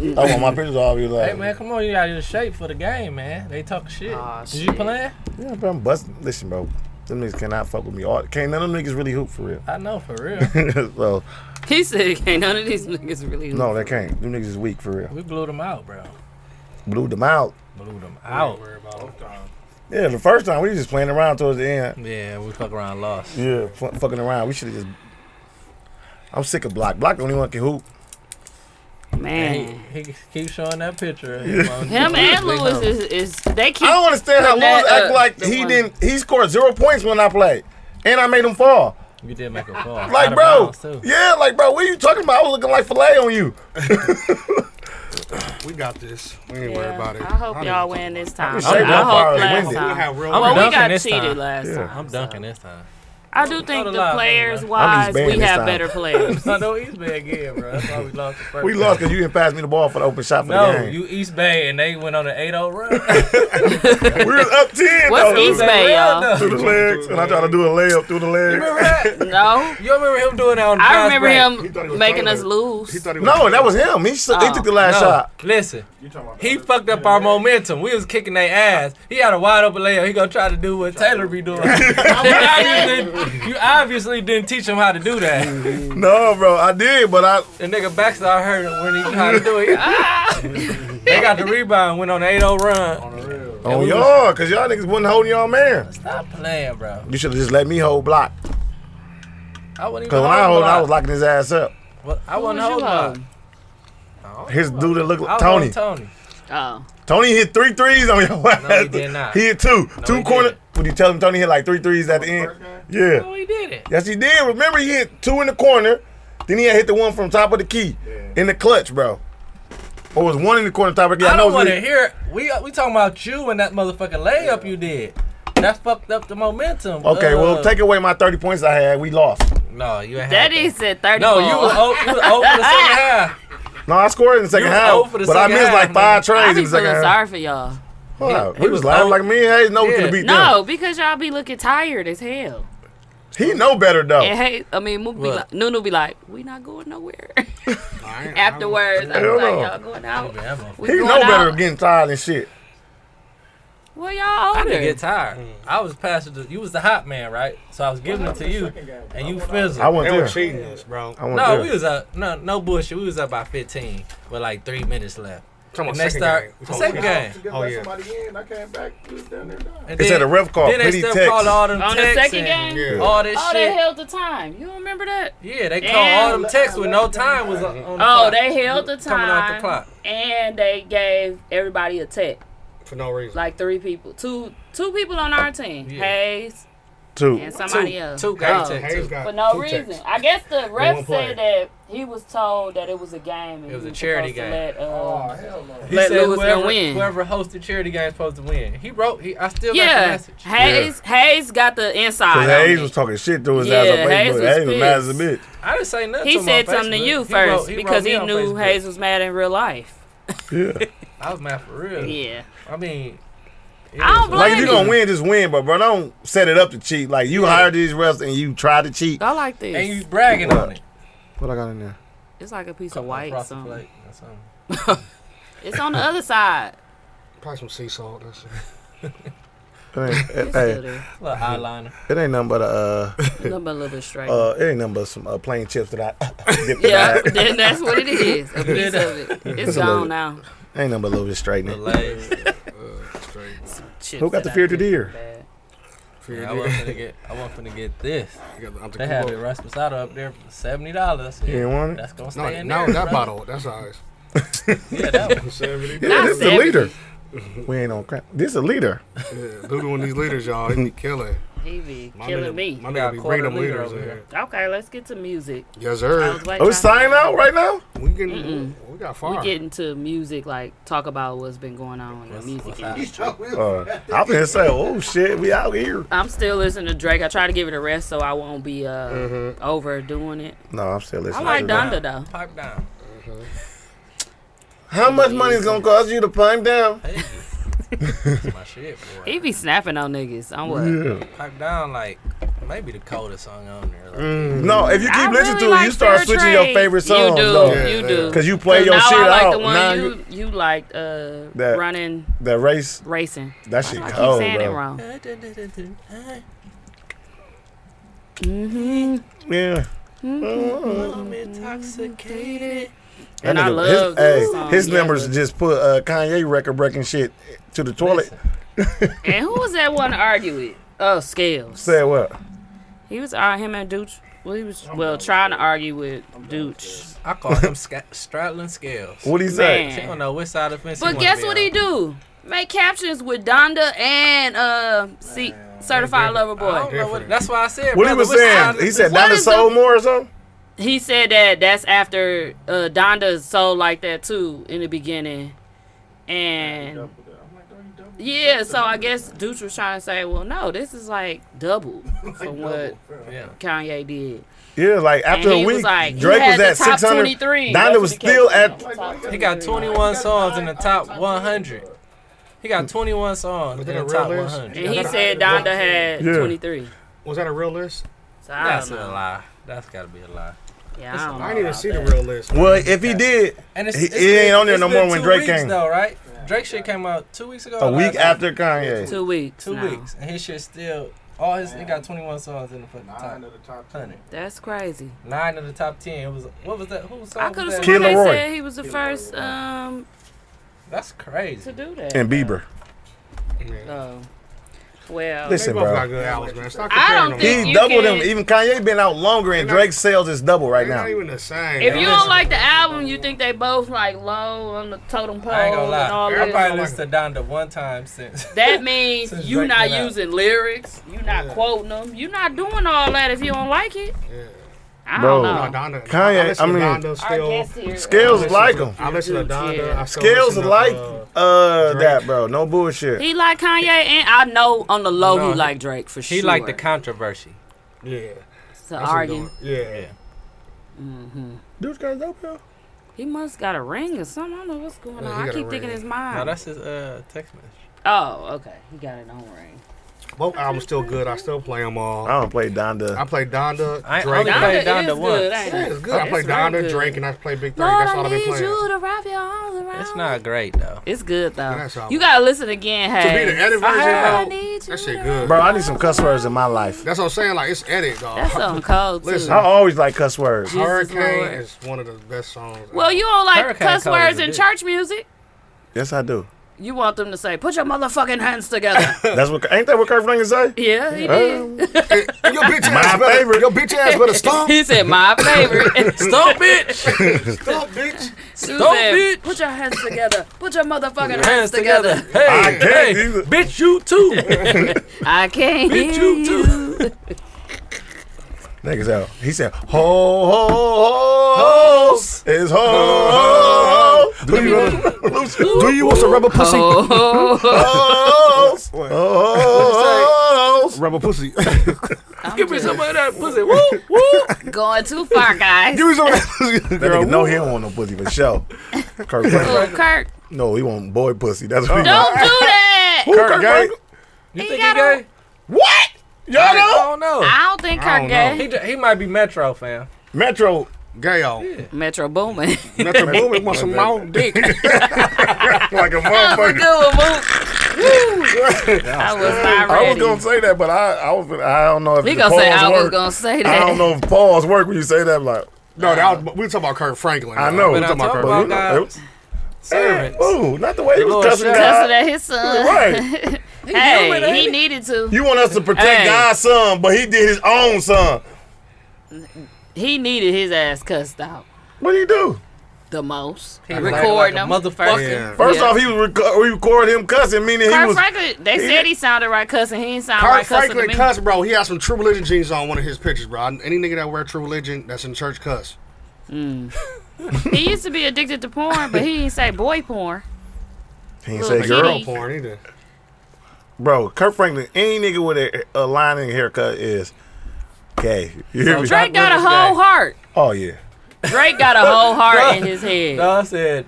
[SPEAKER 4] I want my pictures all be like,
[SPEAKER 8] Hey man, come on, you out of shape for the game, man. They talk shit.
[SPEAKER 6] Aw,
[SPEAKER 8] Did you
[SPEAKER 6] Ah, shit.
[SPEAKER 8] playing?
[SPEAKER 4] yeah, bro, I'm busting. Listen, bro, them niggas cannot fuck with me. All, can't none of them niggas really hoop for real. [laughs]
[SPEAKER 8] I know for real.
[SPEAKER 4] so
[SPEAKER 6] He said, "Can't none of these niggas really."
[SPEAKER 4] no, they can't. Them niggas is weak for real.
[SPEAKER 8] we blew them out, bro.
[SPEAKER 4] Blew them out.
[SPEAKER 8] Blew them out.
[SPEAKER 4] Oh, Yeah, the first time we was just playing around towards the end.
[SPEAKER 8] Yeah, we fuck around lost.
[SPEAKER 4] Yeah, fu fucking around. We should have just. I'm sick of block. Block the only one can hoop.
[SPEAKER 6] man.
[SPEAKER 8] He, he keeps showing that picture. Him
[SPEAKER 6] Mm. [laughs] Him and Lewis is, is they
[SPEAKER 4] I
[SPEAKER 6] keep
[SPEAKER 4] don't understand how
[SPEAKER 6] Put that
[SPEAKER 4] Lewis act
[SPEAKER 6] up,
[SPEAKER 4] like
[SPEAKER 6] the
[SPEAKER 4] he
[SPEAKER 6] one.
[SPEAKER 4] didn't. He scored zero points when I played, and I made him fall.
[SPEAKER 8] You did make a
[SPEAKER 4] [laughs]
[SPEAKER 8] fall. Out
[SPEAKER 4] Like,
[SPEAKER 8] of
[SPEAKER 4] bro,
[SPEAKER 8] bounds, too.
[SPEAKER 4] yeah, like, bro, what are you talking about? I was looking like filet on you.
[SPEAKER 7] We got this. We ain't worried
[SPEAKER 6] Yeah,
[SPEAKER 7] about it.
[SPEAKER 6] I hope
[SPEAKER 7] don't
[SPEAKER 6] y'all win
[SPEAKER 7] even-
[SPEAKER 6] this time.
[SPEAKER 4] Shea
[SPEAKER 6] I,
[SPEAKER 4] Butter
[SPEAKER 6] hope
[SPEAKER 4] probably
[SPEAKER 6] last
[SPEAKER 4] wins it.
[SPEAKER 7] We'll have
[SPEAKER 6] time.
[SPEAKER 7] real.
[SPEAKER 8] I'm
[SPEAKER 6] Well, we
[SPEAKER 8] dunking
[SPEAKER 6] got
[SPEAKER 8] this
[SPEAKER 6] cheated
[SPEAKER 8] time.
[SPEAKER 6] last
[SPEAKER 4] Yeah.
[SPEAKER 6] time.
[SPEAKER 8] I'm dunking this
[SPEAKER 4] [laughs]
[SPEAKER 8] time.
[SPEAKER 6] I do think the
[SPEAKER 8] lie,
[SPEAKER 6] players
[SPEAKER 8] man.
[SPEAKER 4] I'm
[SPEAKER 6] wise,
[SPEAKER 4] just banned
[SPEAKER 6] we
[SPEAKER 4] this
[SPEAKER 6] have
[SPEAKER 4] time. [laughs]
[SPEAKER 6] better players.
[SPEAKER 8] I know East Bay again, bro. That's why we lost the first
[SPEAKER 4] We
[SPEAKER 8] time.
[SPEAKER 4] lost because you didn't pass me the ball for the open shot for
[SPEAKER 8] No,
[SPEAKER 4] the game.
[SPEAKER 8] you East Bay, and they went on an
[SPEAKER 6] [laughs]
[SPEAKER 8] 8-0 run.
[SPEAKER 4] we was up ten
[SPEAKER 6] What's
[SPEAKER 4] though.
[SPEAKER 6] East Bay, y'all?
[SPEAKER 4] through the legs, and I tried to do a layup through the legs.
[SPEAKER 6] [laughs] No,
[SPEAKER 8] You remember him doing that on the
[SPEAKER 6] I
[SPEAKER 8] fast
[SPEAKER 6] remember
[SPEAKER 8] break?
[SPEAKER 7] He thought he
[SPEAKER 6] him
[SPEAKER 7] was
[SPEAKER 6] making
[SPEAKER 7] taller.
[SPEAKER 6] us
[SPEAKER 7] He
[SPEAKER 6] lose.
[SPEAKER 7] thought he was
[SPEAKER 4] No, that was him. He, s he took the last
[SPEAKER 8] Oh, No,
[SPEAKER 4] shot.
[SPEAKER 8] listen. He fucked up our momentum. We was kicking their ass. He had a wide open layup. He gonna try to do what Taylor be doing. you, [laughs] obviously, you obviously didn't teach him how to do that.
[SPEAKER 4] No, bro, I did, but I
[SPEAKER 8] The nigga Baxter heard him when he tried to do it.
[SPEAKER 6] [laughs]
[SPEAKER 8] Ah! they got the rebound. Went on an 8-0 run.
[SPEAKER 4] on y'all because y'all niggas wasn't holding y'all man.
[SPEAKER 8] Stop playing, bro.
[SPEAKER 4] You should have just let me hold block.
[SPEAKER 8] I wasn't even
[SPEAKER 4] Because when I hold,
[SPEAKER 8] holding
[SPEAKER 4] I was locking his ass up.
[SPEAKER 8] Well, I wasn't
[SPEAKER 6] Who was you
[SPEAKER 8] holding.
[SPEAKER 6] on?
[SPEAKER 4] His dude that looked
[SPEAKER 8] I
[SPEAKER 4] like
[SPEAKER 8] was Tony.
[SPEAKER 4] Tony.
[SPEAKER 8] Tony.
[SPEAKER 6] Oh,
[SPEAKER 4] Tony hit three threes on your ass.
[SPEAKER 8] No, he did not.
[SPEAKER 4] He hit two. two
[SPEAKER 8] he
[SPEAKER 4] corner.
[SPEAKER 8] didn't.
[SPEAKER 4] When you tell him Tony hit like three threes at the end. Yeah.
[SPEAKER 6] Oh,
[SPEAKER 8] No, he did it.
[SPEAKER 4] Yes, he did. Remember, he hit two in the corner. Then he had hit the one from top of the key in the clutch, bro. Or was one in the corner top of the key?
[SPEAKER 8] I
[SPEAKER 4] know
[SPEAKER 8] don't
[SPEAKER 4] it
[SPEAKER 8] want
[SPEAKER 4] was
[SPEAKER 8] to hear. We uh, we talking about you and that motherfucking layup you did. That fucked up the momentum.
[SPEAKER 4] Okay,
[SPEAKER 8] Uh,
[SPEAKER 4] well, take away my 30 points I had. We lost.
[SPEAKER 8] No, you ain't had
[SPEAKER 6] that
[SPEAKER 8] to.
[SPEAKER 6] is at thirty.
[SPEAKER 8] No, you was
[SPEAKER 6] ball.
[SPEAKER 8] old, you was old for
[SPEAKER 6] [laughs]
[SPEAKER 8] the second half.
[SPEAKER 4] No, I scored in the second
[SPEAKER 8] You was
[SPEAKER 4] half.
[SPEAKER 8] old for the
[SPEAKER 4] but I
[SPEAKER 8] second
[SPEAKER 4] missed like
[SPEAKER 8] half,
[SPEAKER 4] five
[SPEAKER 6] I
[SPEAKER 4] trades in
[SPEAKER 6] be
[SPEAKER 4] the second
[SPEAKER 6] feeling
[SPEAKER 4] half.
[SPEAKER 6] sorry for y'all.
[SPEAKER 4] Hold up.
[SPEAKER 8] he
[SPEAKER 4] we was
[SPEAKER 8] was
[SPEAKER 4] laughing
[SPEAKER 8] old.
[SPEAKER 4] like me and Hayes know we
[SPEAKER 8] Yeah.
[SPEAKER 4] could have beat
[SPEAKER 6] No, because y'all be looking tired as hell.
[SPEAKER 4] them. He know better, though.
[SPEAKER 6] And hey, I mean, Mook be
[SPEAKER 8] What?
[SPEAKER 6] like, Nunu be like, we not going
[SPEAKER 8] [laughs]
[SPEAKER 6] nowhere. [laughs]
[SPEAKER 7] I ain't- I don't-
[SPEAKER 6] Afterwards, I
[SPEAKER 4] Hell
[SPEAKER 6] was like,
[SPEAKER 4] no.
[SPEAKER 6] y'all going out?
[SPEAKER 8] Yeah, I'm a-
[SPEAKER 6] We
[SPEAKER 4] He
[SPEAKER 6] going
[SPEAKER 4] know better
[SPEAKER 6] out?
[SPEAKER 4] getting tired and shit.
[SPEAKER 6] Well, y'all
[SPEAKER 8] I didn't
[SPEAKER 6] older.
[SPEAKER 8] get tired. I was passing. The, you was the hot man, right? So I was giving it to you, and you fizzled.
[SPEAKER 4] I went
[SPEAKER 7] They were
[SPEAKER 4] there.
[SPEAKER 7] cheating us, bro.
[SPEAKER 4] I went
[SPEAKER 8] no,
[SPEAKER 4] there.
[SPEAKER 8] we was up. No, no bullshit. We was up by 15 with like three minutes left.
[SPEAKER 7] Come on,
[SPEAKER 8] And they
[SPEAKER 7] second
[SPEAKER 8] start
[SPEAKER 7] game.
[SPEAKER 8] the second game.
[SPEAKER 7] Oh yeah.
[SPEAKER 8] And
[SPEAKER 4] They said a ref call,
[SPEAKER 8] Then they
[SPEAKER 4] pretty
[SPEAKER 8] still
[SPEAKER 4] text.
[SPEAKER 8] called all them
[SPEAKER 6] On the
[SPEAKER 8] texts
[SPEAKER 6] second
[SPEAKER 8] and
[SPEAKER 6] game?
[SPEAKER 7] Yeah.
[SPEAKER 8] All this
[SPEAKER 6] Oh, they
[SPEAKER 8] shit.
[SPEAKER 6] held the time. You remember that?
[SPEAKER 8] yeah, they called
[SPEAKER 6] Damn.
[SPEAKER 8] all them texts with no time was uh, on the
[SPEAKER 6] Oh,
[SPEAKER 8] clock.
[SPEAKER 6] they held the time.
[SPEAKER 8] Coming off the clock.
[SPEAKER 6] And they gave everybody a tech.
[SPEAKER 7] For no reason.
[SPEAKER 6] Like three people. Two two people on our team.
[SPEAKER 8] Yeah.
[SPEAKER 6] Hayes,
[SPEAKER 4] Two.
[SPEAKER 6] and somebody else.
[SPEAKER 8] Two guys.
[SPEAKER 6] Oh.
[SPEAKER 7] Hayes got
[SPEAKER 6] For no
[SPEAKER 7] two
[SPEAKER 6] reason.
[SPEAKER 7] texts.
[SPEAKER 6] I guess the
[SPEAKER 7] one
[SPEAKER 6] ref
[SPEAKER 7] player.
[SPEAKER 6] said that he was told that it was a game. And
[SPEAKER 8] It was
[SPEAKER 6] he
[SPEAKER 8] a charity
[SPEAKER 6] supposed to
[SPEAKER 8] game.
[SPEAKER 6] Let, uh,
[SPEAKER 8] He
[SPEAKER 6] Let
[SPEAKER 8] said
[SPEAKER 6] Lewis
[SPEAKER 8] whoever,
[SPEAKER 6] gonna win.
[SPEAKER 8] whoever hosts the charity game is supposed to win. He wrote. He, I still got the
[SPEAKER 6] yeah,
[SPEAKER 8] message.
[SPEAKER 6] Hayes. Hayes got the inside.
[SPEAKER 4] Cause
[SPEAKER 6] on
[SPEAKER 4] Hayes
[SPEAKER 6] it.
[SPEAKER 4] was talking shit to his
[SPEAKER 6] Yeah,
[SPEAKER 4] ass on
[SPEAKER 6] Hayes
[SPEAKER 4] Facebook.
[SPEAKER 6] was
[SPEAKER 4] Hayes was mad as a bitch.
[SPEAKER 8] I didn't say nothing.
[SPEAKER 6] he
[SPEAKER 8] to him
[SPEAKER 6] said
[SPEAKER 8] on
[SPEAKER 6] something to
[SPEAKER 8] Facebook.
[SPEAKER 6] you
[SPEAKER 8] He
[SPEAKER 6] first
[SPEAKER 8] wrote- wrote
[SPEAKER 6] because
[SPEAKER 8] me
[SPEAKER 6] he
[SPEAKER 8] on
[SPEAKER 6] knew
[SPEAKER 8] Facebook.
[SPEAKER 6] Hayes was mad in real life.
[SPEAKER 4] Yeah.
[SPEAKER 8] I was mad for real.
[SPEAKER 6] Yeah,
[SPEAKER 8] I mean, it
[SPEAKER 6] I don't
[SPEAKER 8] was-
[SPEAKER 4] like
[SPEAKER 6] blame
[SPEAKER 4] if you
[SPEAKER 6] you.
[SPEAKER 4] gonna win, just win, but bro, don't set it up to cheat. Like you hire these refs and you try to cheat.
[SPEAKER 6] I like this.
[SPEAKER 8] and you bragging on it.
[SPEAKER 4] What I got in there?
[SPEAKER 6] it's like a piece of
[SPEAKER 8] Something
[SPEAKER 6] white.
[SPEAKER 8] frosted
[SPEAKER 6] something.
[SPEAKER 8] flake or something.
[SPEAKER 6] It's on the other side.
[SPEAKER 4] [laughs]
[SPEAKER 7] Probably some sea salt. That's
[SPEAKER 8] [laughs]
[SPEAKER 7] it.
[SPEAKER 4] It
[SPEAKER 6] [laughs]
[SPEAKER 4] ain't,
[SPEAKER 6] It's still
[SPEAKER 4] hey,
[SPEAKER 6] there.
[SPEAKER 8] Little eyeliner.
[SPEAKER 4] it ain't nothing but a,
[SPEAKER 6] A little, a little bit straight.
[SPEAKER 4] uh, uh, it ain't nothing but some uh, plain chips that I [laughs] dipped
[SPEAKER 6] yeah,
[SPEAKER 4] yeah.
[SPEAKER 6] [laughs] then that's what it is. [laughs] A piece of it. It's
[SPEAKER 4] a little-
[SPEAKER 6] gone now.
[SPEAKER 4] Ain't nothing but a little bit straightening.
[SPEAKER 8] Little [laughs] legs.
[SPEAKER 6] Chips
[SPEAKER 4] Who got the
[SPEAKER 6] that I
[SPEAKER 4] fear to
[SPEAKER 6] did.
[SPEAKER 4] deer?
[SPEAKER 6] Bad.
[SPEAKER 7] [laughs]
[SPEAKER 8] I wasn't gonna get. I wasn't gonna get this. They had it
[SPEAKER 7] No,
[SPEAKER 8] Russ Posada up there for seventy dollars.
[SPEAKER 4] You didn't want it?
[SPEAKER 8] That's gonna stay in
[SPEAKER 7] no,
[SPEAKER 8] there.
[SPEAKER 7] that
[SPEAKER 8] bro.
[SPEAKER 7] bottle. That's ours.
[SPEAKER 8] [laughs]
[SPEAKER 7] [laughs]
[SPEAKER 8] Yeah, that one.
[SPEAKER 7] Seventy.
[SPEAKER 4] Yeah,
[SPEAKER 6] Not
[SPEAKER 4] this is a
[SPEAKER 6] 70.
[SPEAKER 4] leader. We ain't on crap. This is a leader.
[SPEAKER 7] Yeah, Luda on these leaders, y'all. He be killing.
[SPEAKER 6] He be
[SPEAKER 7] My
[SPEAKER 6] killing
[SPEAKER 7] nigga,
[SPEAKER 6] me.
[SPEAKER 7] My
[SPEAKER 8] Got
[SPEAKER 7] nigga
[SPEAKER 8] a
[SPEAKER 7] be
[SPEAKER 8] quarter
[SPEAKER 7] bringing them
[SPEAKER 8] leader
[SPEAKER 7] leaders
[SPEAKER 8] over
[SPEAKER 7] in
[SPEAKER 8] here.
[SPEAKER 7] here.
[SPEAKER 6] Okay, let's get to music.
[SPEAKER 7] Yes,
[SPEAKER 6] I
[SPEAKER 7] sir.
[SPEAKER 6] was waiting
[SPEAKER 4] Are we
[SPEAKER 6] on-
[SPEAKER 4] signing out right now?
[SPEAKER 7] We getting. We got far.
[SPEAKER 6] We getting to music, like talk about what's been going on in the music.
[SPEAKER 8] what's
[SPEAKER 6] industry.
[SPEAKER 4] Uh, I was gonna say, oh shit, we out here.
[SPEAKER 6] I'm still listening to Drake. I try to give it a rest so I won't be uh
[SPEAKER 4] Mm-hmm.
[SPEAKER 6] overdoing it.
[SPEAKER 4] No, I'm still
[SPEAKER 6] I
[SPEAKER 4] listening.
[SPEAKER 6] like
[SPEAKER 4] to that.
[SPEAKER 6] Donda though.
[SPEAKER 8] Pipe down.
[SPEAKER 4] How much money is gonna cost you to climb down?
[SPEAKER 8] Hey, that's my shit, boy.
[SPEAKER 6] He be snapping on niggas. I'm what?
[SPEAKER 8] Pipe down like maybe the coldest song on there. Like,
[SPEAKER 4] No, if you keep
[SPEAKER 6] I
[SPEAKER 4] listening
[SPEAKER 6] really
[SPEAKER 4] to it,
[SPEAKER 6] like
[SPEAKER 4] you start
[SPEAKER 6] Fair
[SPEAKER 4] switching
[SPEAKER 6] Trade.
[SPEAKER 4] your favorite songs.
[SPEAKER 6] You do.
[SPEAKER 4] though.
[SPEAKER 7] Yeah,
[SPEAKER 6] you
[SPEAKER 7] yeah.
[SPEAKER 6] do.
[SPEAKER 4] Cause you play your
[SPEAKER 6] now
[SPEAKER 4] shit
[SPEAKER 6] I like
[SPEAKER 4] out.
[SPEAKER 6] the
[SPEAKER 4] now
[SPEAKER 6] one
[SPEAKER 4] you,
[SPEAKER 6] you you liked uh
[SPEAKER 4] That- Oh,
[SPEAKER 6] running
[SPEAKER 4] that race,
[SPEAKER 6] racing.
[SPEAKER 4] that
[SPEAKER 6] Why
[SPEAKER 4] shit
[SPEAKER 6] do I keep
[SPEAKER 4] cold,
[SPEAKER 6] saying
[SPEAKER 4] bro.
[SPEAKER 6] it wrong. Mm-hmm.
[SPEAKER 4] Yeah.
[SPEAKER 7] Mm-hmm.
[SPEAKER 4] Mm-hmm.
[SPEAKER 8] Intoxicated.
[SPEAKER 4] That
[SPEAKER 6] And I
[SPEAKER 4] nigga-
[SPEAKER 6] love
[SPEAKER 4] his,
[SPEAKER 6] this song,
[SPEAKER 4] his
[SPEAKER 6] yeah,
[SPEAKER 4] members
[SPEAKER 6] but-
[SPEAKER 4] just put uh, Kanye record breaking shit to the toilet.
[SPEAKER 8] Listen,
[SPEAKER 6] And who was that one to argue with? Oh, Scales.
[SPEAKER 4] Said what?
[SPEAKER 6] He was uh, him and Dooch. Well, he was well trying to argue with Dooch.
[SPEAKER 8] I call him sca- straddling scales.
[SPEAKER 4] What he
[SPEAKER 8] She
[SPEAKER 4] say?
[SPEAKER 6] Man.
[SPEAKER 8] don't know which side of the fence.
[SPEAKER 6] But guess what he do? Make captions with Donda and uh, C- Certified Lover
[SPEAKER 8] I don't
[SPEAKER 6] Boy.
[SPEAKER 8] know what, that's why I said.
[SPEAKER 4] What he
[SPEAKER 8] brother,
[SPEAKER 4] was
[SPEAKER 8] which side
[SPEAKER 4] saying?
[SPEAKER 8] of the
[SPEAKER 4] He said
[SPEAKER 6] what
[SPEAKER 4] not a
[SPEAKER 6] is the-
[SPEAKER 4] soul more or something.
[SPEAKER 6] He said that that's after uh, Donda sold like that too in the beginning, and yeah. So I guess Dooch was trying to say, well, no, this is like double for what
[SPEAKER 8] Yeah.
[SPEAKER 6] Kanye did.
[SPEAKER 4] Yeah, like after
[SPEAKER 6] and
[SPEAKER 4] a
[SPEAKER 6] he
[SPEAKER 4] week,
[SPEAKER 6] was like, he
[SPEAKER 4] Drake was
[SPEAKER 6] had the
[SPEAKER 4] at
[SPEAKER 6] top
[SPEAKER 4] six hundred.
[SPEAKER 6] 23. That's
[SPEAKER 4] Donda
[SPEAKER 6] what
[SPEAKER 4] was
[SPEAKER 6] he kept
[SPEAKER 4] still
[SPEAKER 6] saying,
[SPEAKER 4] at.
[SPEAKER 6] top
[SPEAKER 8] He got
[SPEAKER 6] 23.
[SPEAKER 8] 21 songs in the top 100. He got 21 songs in
[SPEAKER 7] that
[SPEAKER 8] the
[SPEAKER 7] a real
[SPEAKER 8] top
[SPEAKER 7] list?
[SPEAKER 8] 100.
[SPEAKER 6] And he said Donda had
[SPEAKER 4] Yeah.
[SPEAKER 6] 23.
[SPEAKER 7] Was that a real list?
[SPEAKER 6] So I
[SPEAKER 8] That's a
[SPEAKER 6] don't know.
[SPEAKER 8] lie. That's gotta be a lie.
[SPEAKER 6] Yeah, I don't know
[SPEAKER 7] I didn't even
[SPEAKER 6] about
[SPEAKER 7] see
[SPEAKER 6] that.
[SPEAKER 7] the real list.
[SPEAKER 4] Well, if he did,
[SPEAKER 8] And
[SPEAKER 4] He- it ain't on there
[SPEAKER 8] it's
[SPEAKER 4] no
[SPEAKER 8] been
[SPEAKER 4] more when
[SPEAKER 8] two
[SPEAKER 4] Drake
[SPEAKER 8] weeks
[SPEAKER 4] came.
[SPEAKER 8] Though, right? Drake shit came out two weeks ago.
[SPEAKER 4] a
[SPEAKER 8] or
[SPEAKER 4] week
[SPEAKER 8] last
[SPEAKER 4] after Kanye,
[SPEAKER 6] Two weeks.
[SPEAKER 8] Two
[SPEAKER 6] now.
[SPEAKER 8] weeks, and his shit still. All his, he got 21 songs in the fucking top. hundred.
[SPEAKER 6] That's crazy.
[SPEAKER 8] Nine of the top 10. It was what was that? Who song
[SPEAKER 6] I
[SPEAKER 8] was
[SPEAKER 6] could have
[SPEAKER 8] that?
[SPEAKER 6] sworn they
[SPEAKER 4] Kid Laroi.
[SPEAKER 6] said he was the first um
[SPEAKER 8] That's
[SPEAKER 6] to
[SPEAKER 8] crazy.
[SPEAKER 6] do that.
[SPEAKER 4] and Bieber.
[SPEAKER 6] Oh. Well,
[SPEAKER 7] They
[SPEAKER 4] Listen,
[SPEAKER 7] both got
[SPEAKER 4] bro,
[SPEAKER 7] good albums, man. Stop
[SPEAKER 6] I
[SPEAKER 7] comparing
[SPEAKER 6] don't
[SPEAKER 7] them.
[SPEAKER 6] think-
[SPEAKER 4] he
[SPEAKER 6] You
[SPEAKER 4] doubled them.
[SPEAKER 6] can't-
[SPEAKER 4] Even Kanye been out longer, and
[SPEAKER 7] not-
[SPEAKER 4] Drake's sales is double right
[SPEAKER 7] They're
[SPEAKER 4] now.
[SPEAKER 7] not even the same.
[SPEAKER 6] if
[SPEAKER 7] man.
[SPEAKER 6] you
[SPEAKER 7] Listen,
[SPEAKER 6] don't like the album, you think they both like low on the totem pole
[SPEAKER 8] I ain't gonna
[SPEAKER 6] and all
[SPEAKER 8] lie. I
[SPEAKER 6] this.
[SPEAKER 8] probably listened to Donda one time since. [laughs]
[SPEAKER 6] That means
[SPEAKER 8] Since
[SPEAKER 6] you
[SPEAKER 8] Drake
[SPEAKER 6] not
[SPEAKER 8] been out.
[SPEAKER 6] using lyrics, you not quoting them, you not doing all that if you don't like it. I don't
[SPEAKER 4] Bro.
[SPEAKER 6] know.
[SPEAKER 7] No, Donda.
[SPEAKER 4] Kanye,
[SPEAKER 7] I, listen
[SPEAKER 4] I mean-
[SPEAKER 7] to Donda
[SPEAKER 6] Our
[SPEAKER 7] still.
[SPEAKER 6] guest here-
[SPEAKER 4] Scales
[SPEAKER 7] listen
[SPEAKER 4] like
[SPEAKER 7] to-
[SPEAKER 4] him.
[SPEAKER 7] I listen to Donda.
[SPEAKER 6] Yeah.
[SPEAKER 7] I still
[SPEAKER 4] Scales
[SPEAKER 7] listen to,
[SPEAKER 4] like
[SPEAKER 7] uh,
[SPEAKER 4] uh that,
[SPEAKER 7] Drake.
[SPEAKER 4] bro. No bullshit.
[SPEAKER 6] He like Kanye, and I know on the low
[SPEAKER 8] No,
[SPEAKER 6] he like Drake for sure.
[SPEAKER 8] He liked the controversy.
[SPEAKER 7] Yeah.
[SPEAKER 6] to
[SPEAKER 7] That's what
[SPEAKER 6] argue. Mm-hmm.
[SPEAKER 7] I'm doing. Yeah.
[SPEAKER 8] Yeah.
[SPEAKER 4] Dude, guys, dope, yo.
[SPEAKER 6] He must got a ring or something. I don't know what's going
[SPEAKER 7] Yeah, he
[SPEAKER 6] on. I
[SPEAKER 7] got a
[SPEAKER 6] keep thinking
[SPEAKER 7] ring.
[SPEAKER 6] it's
[SPEAKER 8] No,
[SPEAKER 6] mine.
[SPEAKER 8] that's his uh, text message.
[SPEAKER 6] oh, okay. He got an own ring.
[SPEAKER 7] Both albums still good. I still play them all.
[SPEAKER 4] I don't play Donda.
[SPEAKER 7] I play Donda,
[SPEAKER 8] I- I
[SPEAKER 7] Drake.
[SPEAKER 8] only
[SPEAKER 7] I,
[SPEAKER 8] play- played
[SPEAKER 6] Donda
[SPEAKER 8] Donda
[SPEAKER 6] is good,
[SPEAKER 8] once.
[SPEAKER 6] ain't
[SPEAKER 7] yeah,
[SPEAKER 6] it?
[SPEAKER 7] it's good. I play
[SPEAKER 6] It's very
[SPEAKER 7] Donda,
[SPEAKER 6] good.
[SPEAKER 7] Drake, and I play Big Three.
[SPEAKER 6] Lord,
[SPEAKER 7] That's all
[SPEAKER 6] I
[SPEAKER 7] I've been
[SPEAKER 6] need
[SPEAKER 7] playing.
[SPEAKER 6] you to wrap your arms around.
[SPEAKER 8] That's not great though.
[SPEAKER 6] It's good though.
[SPEAKER 7] That's all.
[SPEAKER 6] You gotta listen again.
[SPEAKER 7] To
[SPEAKER 6] Hey,
[SPEAKER 7] be the edit version,
[SPEAKER 8] I
[SPEAKER 7] though,
[SPEAKER 6] need you
[SPEAKER 7] that shit
[SPEAKER 6] to-
[SPEAKER 7] good.
[SPEAKER 4] Bro, I need some cuss words in my life.
[SPEAKER 7] That's what I'm saying. Like it's edit, dog.
[SPEAKER 6] that's something cold too.
[SPEAKER 4] I
[SPEAKER 7] Listen.
[SPEAKER 4] always like cuss words.
[SPEAKER 6] Jesus
[SPEAKER 7] Hurricane
[SPEAKER 6] Lord.
[SPEAKER 7] is one of the best songs.
[SPEAKER 6] well, you don't like
[SPEAKER 8] Hurricane
[SPEAKER 6] cuss
[SPEAKER 8] Code
[SPEAKER 6] words
[SPEAKER 8] is a
[SPEAKER 6] in
[SPEAKER 8] bitch.
[SPEAKER 6] church music.
[SPEAKER 4] Yes, I do.
[SPEAKER 6] You want them to say, "Put your motherfucking hands
[SPEAKER 8] [laughs]
[SPEAKER 6] together."
[SPEAKER 4] That's what ain't that what Kurt Franklin say?
[SPEAKER 6] yeah, he
[SPEAKER 7] Uh,
[SPEAKER 6] did.
[SPEAKER 4] Um,
[SPEAKER 7] Hey, your bitch ass
[SPEAKER 4] [laughs] My
[SPEAKER 7] better. [laughs]
[SPEAKER 4] favorite. [laughs]
[SPEAKER 7] Your bitch ass better stop.
[SPEAKER 6] He said, "My favorite."
[SPEAKER 8] Stop, bitch!
[SPEAKER 7] Stop, bitch.
[SPEAKER 6] Tuesday.
[SPEAKER 8] Don't bitch.
[SPEAKER 6] Put your hands together. Put your motherfucking
[SPEAKER 8] Hands together. Hey,
[SPEAKER 4] I can't
[SPEAKER 8] hey,
[SPEAKER 4] either.
[SPEAKER 8] bitch, you
[SPEAKER 6] [laughs]
[SPEAKER 8] too.
[SPEAKER 6] I can't hear
[SPEAKER 8] bitch, you
[SPEAKER 6] you.
[SPEAKER 8] too.
[SPEAKER 4] Niggas out. He said, ho, ho, ho, hoes. It's ho, ho, ho. Do you, do you want some rubber pussy?
[SPEAKER 6] Oh.
[SPEAKER 7] [laughs]
[SPEAKER 4] [laughs] Hoes. Hoes.
[SPEAKER 7] Rubber pussy.
[SPEAKER 8] Give me some of that pussy. Woo,
[SPEAKER 6] [laughs]
[SPEAKER 8] woo.
[SPEAKER 6] Going too far, guys.
[SPEAKER 7] Give me some of [laughs] that pussy,
[SPEAKER 4] That
[SPEAKER 7] girl.
[SPEAKER 4] nigga know he don't want no pussy for sure. Kirk [laughs] Franklin.
[SPEAKER 6] Little Kirk,
[SPEAKER 4] No, he want boy pussy. That's what he
[SPEAKER 6] don't
[SPEAKER 4] want.
[SPEAKER 6] do that.
[SPEAKER 4] Who, Kirk Franklin?
[SPEAKER 8] You
[SPEAKER 6] He
[SPEAKER 8] think he
[SPEAKER 6] got
[SPEAKER 8] gay?
[SPEAKER 4] What? Y'all
[SPEAKER 8] I
[SPEAKER 4] know?
[SPEAKER 8] don't know.
[SPEAKER 6] I don't think
[SPEAKER 7] I
[SPEAKER 6] Kirk
[SPEAKER 7] don't know.
[SPEAKER 8] He,
[SPEAKER 6] gay.
[SPEAKER 8] ju- he might be Metro fam.
[SPEAKER 4] Metro.
[SPEAKER 7] Gay all.
[SPEAKER 6] Metro Boomin.
[SPEAKER 7] Not your woman wants
[SPEAKER 4] [laughs]
[SPEAKER 7] some long dick.
[SPEAKER 4] Like a
[SPEAKER 6] that was a
[SPEAKER 4] motherfucker.
[SPEAKER 6] good one, Mook. I was not
[SPEAKER 4] I was
[SPEAKER 6] ready.
[SPEAKER 4] gonna say that, but I, I was, I don't know if
[SPEAKER 6] We
[SPEAKER 4] the
[SPEAKER 6] gonna say
[SPEAKER 4] pause
[SPEAKER 6] I was
[SPEAKER 4] work.
[SPEAKER 6] gonna say
[SPEAKER 4] I
[SPEAKER 6] that.
[SPEAKER 4] don't know if pause work when you say that. Like
[SPEAKER 7] No, that was, we were talking about Kirk Franklin.
[SPEAKER 4] I know,
[SPEAKER 7] We
[SPEAKER 4] But
[SPEAKER 7] talking
[SPEAKER 8] I'm
[SPEAKER 7] about Kirk
[SPEAKER 8] talking
[SPEAKER 7] Franklin.
[SPEAKER 8] about- God.
[SPEAKER 4] it was-
[SPEAKER 8] Servants.
[SPEAKER 4] Ooh, not the way he was
[SPEAKER 8] Lord
[SPEAKER 4] cussing
[SPEAKER 8] Shep.
[SPEAKER 6] [laughs] That's
[SPEAKER 4] God.
[SPEAKER 6] what that his son.
[SPEAKER 4] Right.
[SPEAKER 6] Hey, he needed to.
[SPEAKER 4] You want us to protect
[SPEAKER 6] Hey.
[SPEAKER 4] God's son, but he did his own son.
[SPEAKER 6] He needed his ass cussed out
[SPEAKER 4] What do you do?
[SPEAKER 6] the most.
[SPEAKER 8] He
[SPEAKER 6] Recording
[SPEAKER 8] like a
[SPEAKER 6] him.
[SPEAKER 8] motherfucker.
[SPEAKER 7] Yeah.
[SPEAKER 4] First
[SPEAKER 6] Yeah.
[SPEAKER 4] off, he was reco- we recorded him cussing, meaning he
[SPEAKER 6] Kirk
[SPEAKER 4] was.
[SPEAKER 6] Franklin, they said he sounded right cussing. He didn't sound
[SPEAKER 7] Kirk
[SPEAKER 6] right cussing
[SPEAKER 7] Franklin
[SPEAKER 6] to me.
[SPEAKER 7] cuss, bro. He has some True Religion jeans on one of his pictures, bro. Any nigga that wear True Religion that's in church cuss.
[SPEAKER 6] He used to be addicted to porn, but he didn't say boy porn.
[SPEAKER 4] He ain't say
[SPEAKER 6] Little
[SPEAKER 4] girl,
[SPEAKER 6] kitty.
[SPEAKER 7] Porn either.
[SPEAKER 4] bro. Kirk Franklin, any nigga with a, a line in haircut is gay. You hear me?
[SPEAKER 8] Drake-
[SPEAKER 6] Drake got a
[SPEAKER 8] Rivers
[SPEAKER 6] whole
[SPEAKER 8] back.
[SPEAKER 6] heart.
[SPEAKER 4] Oh yeah.
[SPEAKER 6] Drake got a whole heart in
[SPEAKER 7] [laughs]
[SPEAKER 6] his head.
[SPEAKER 8] Don said,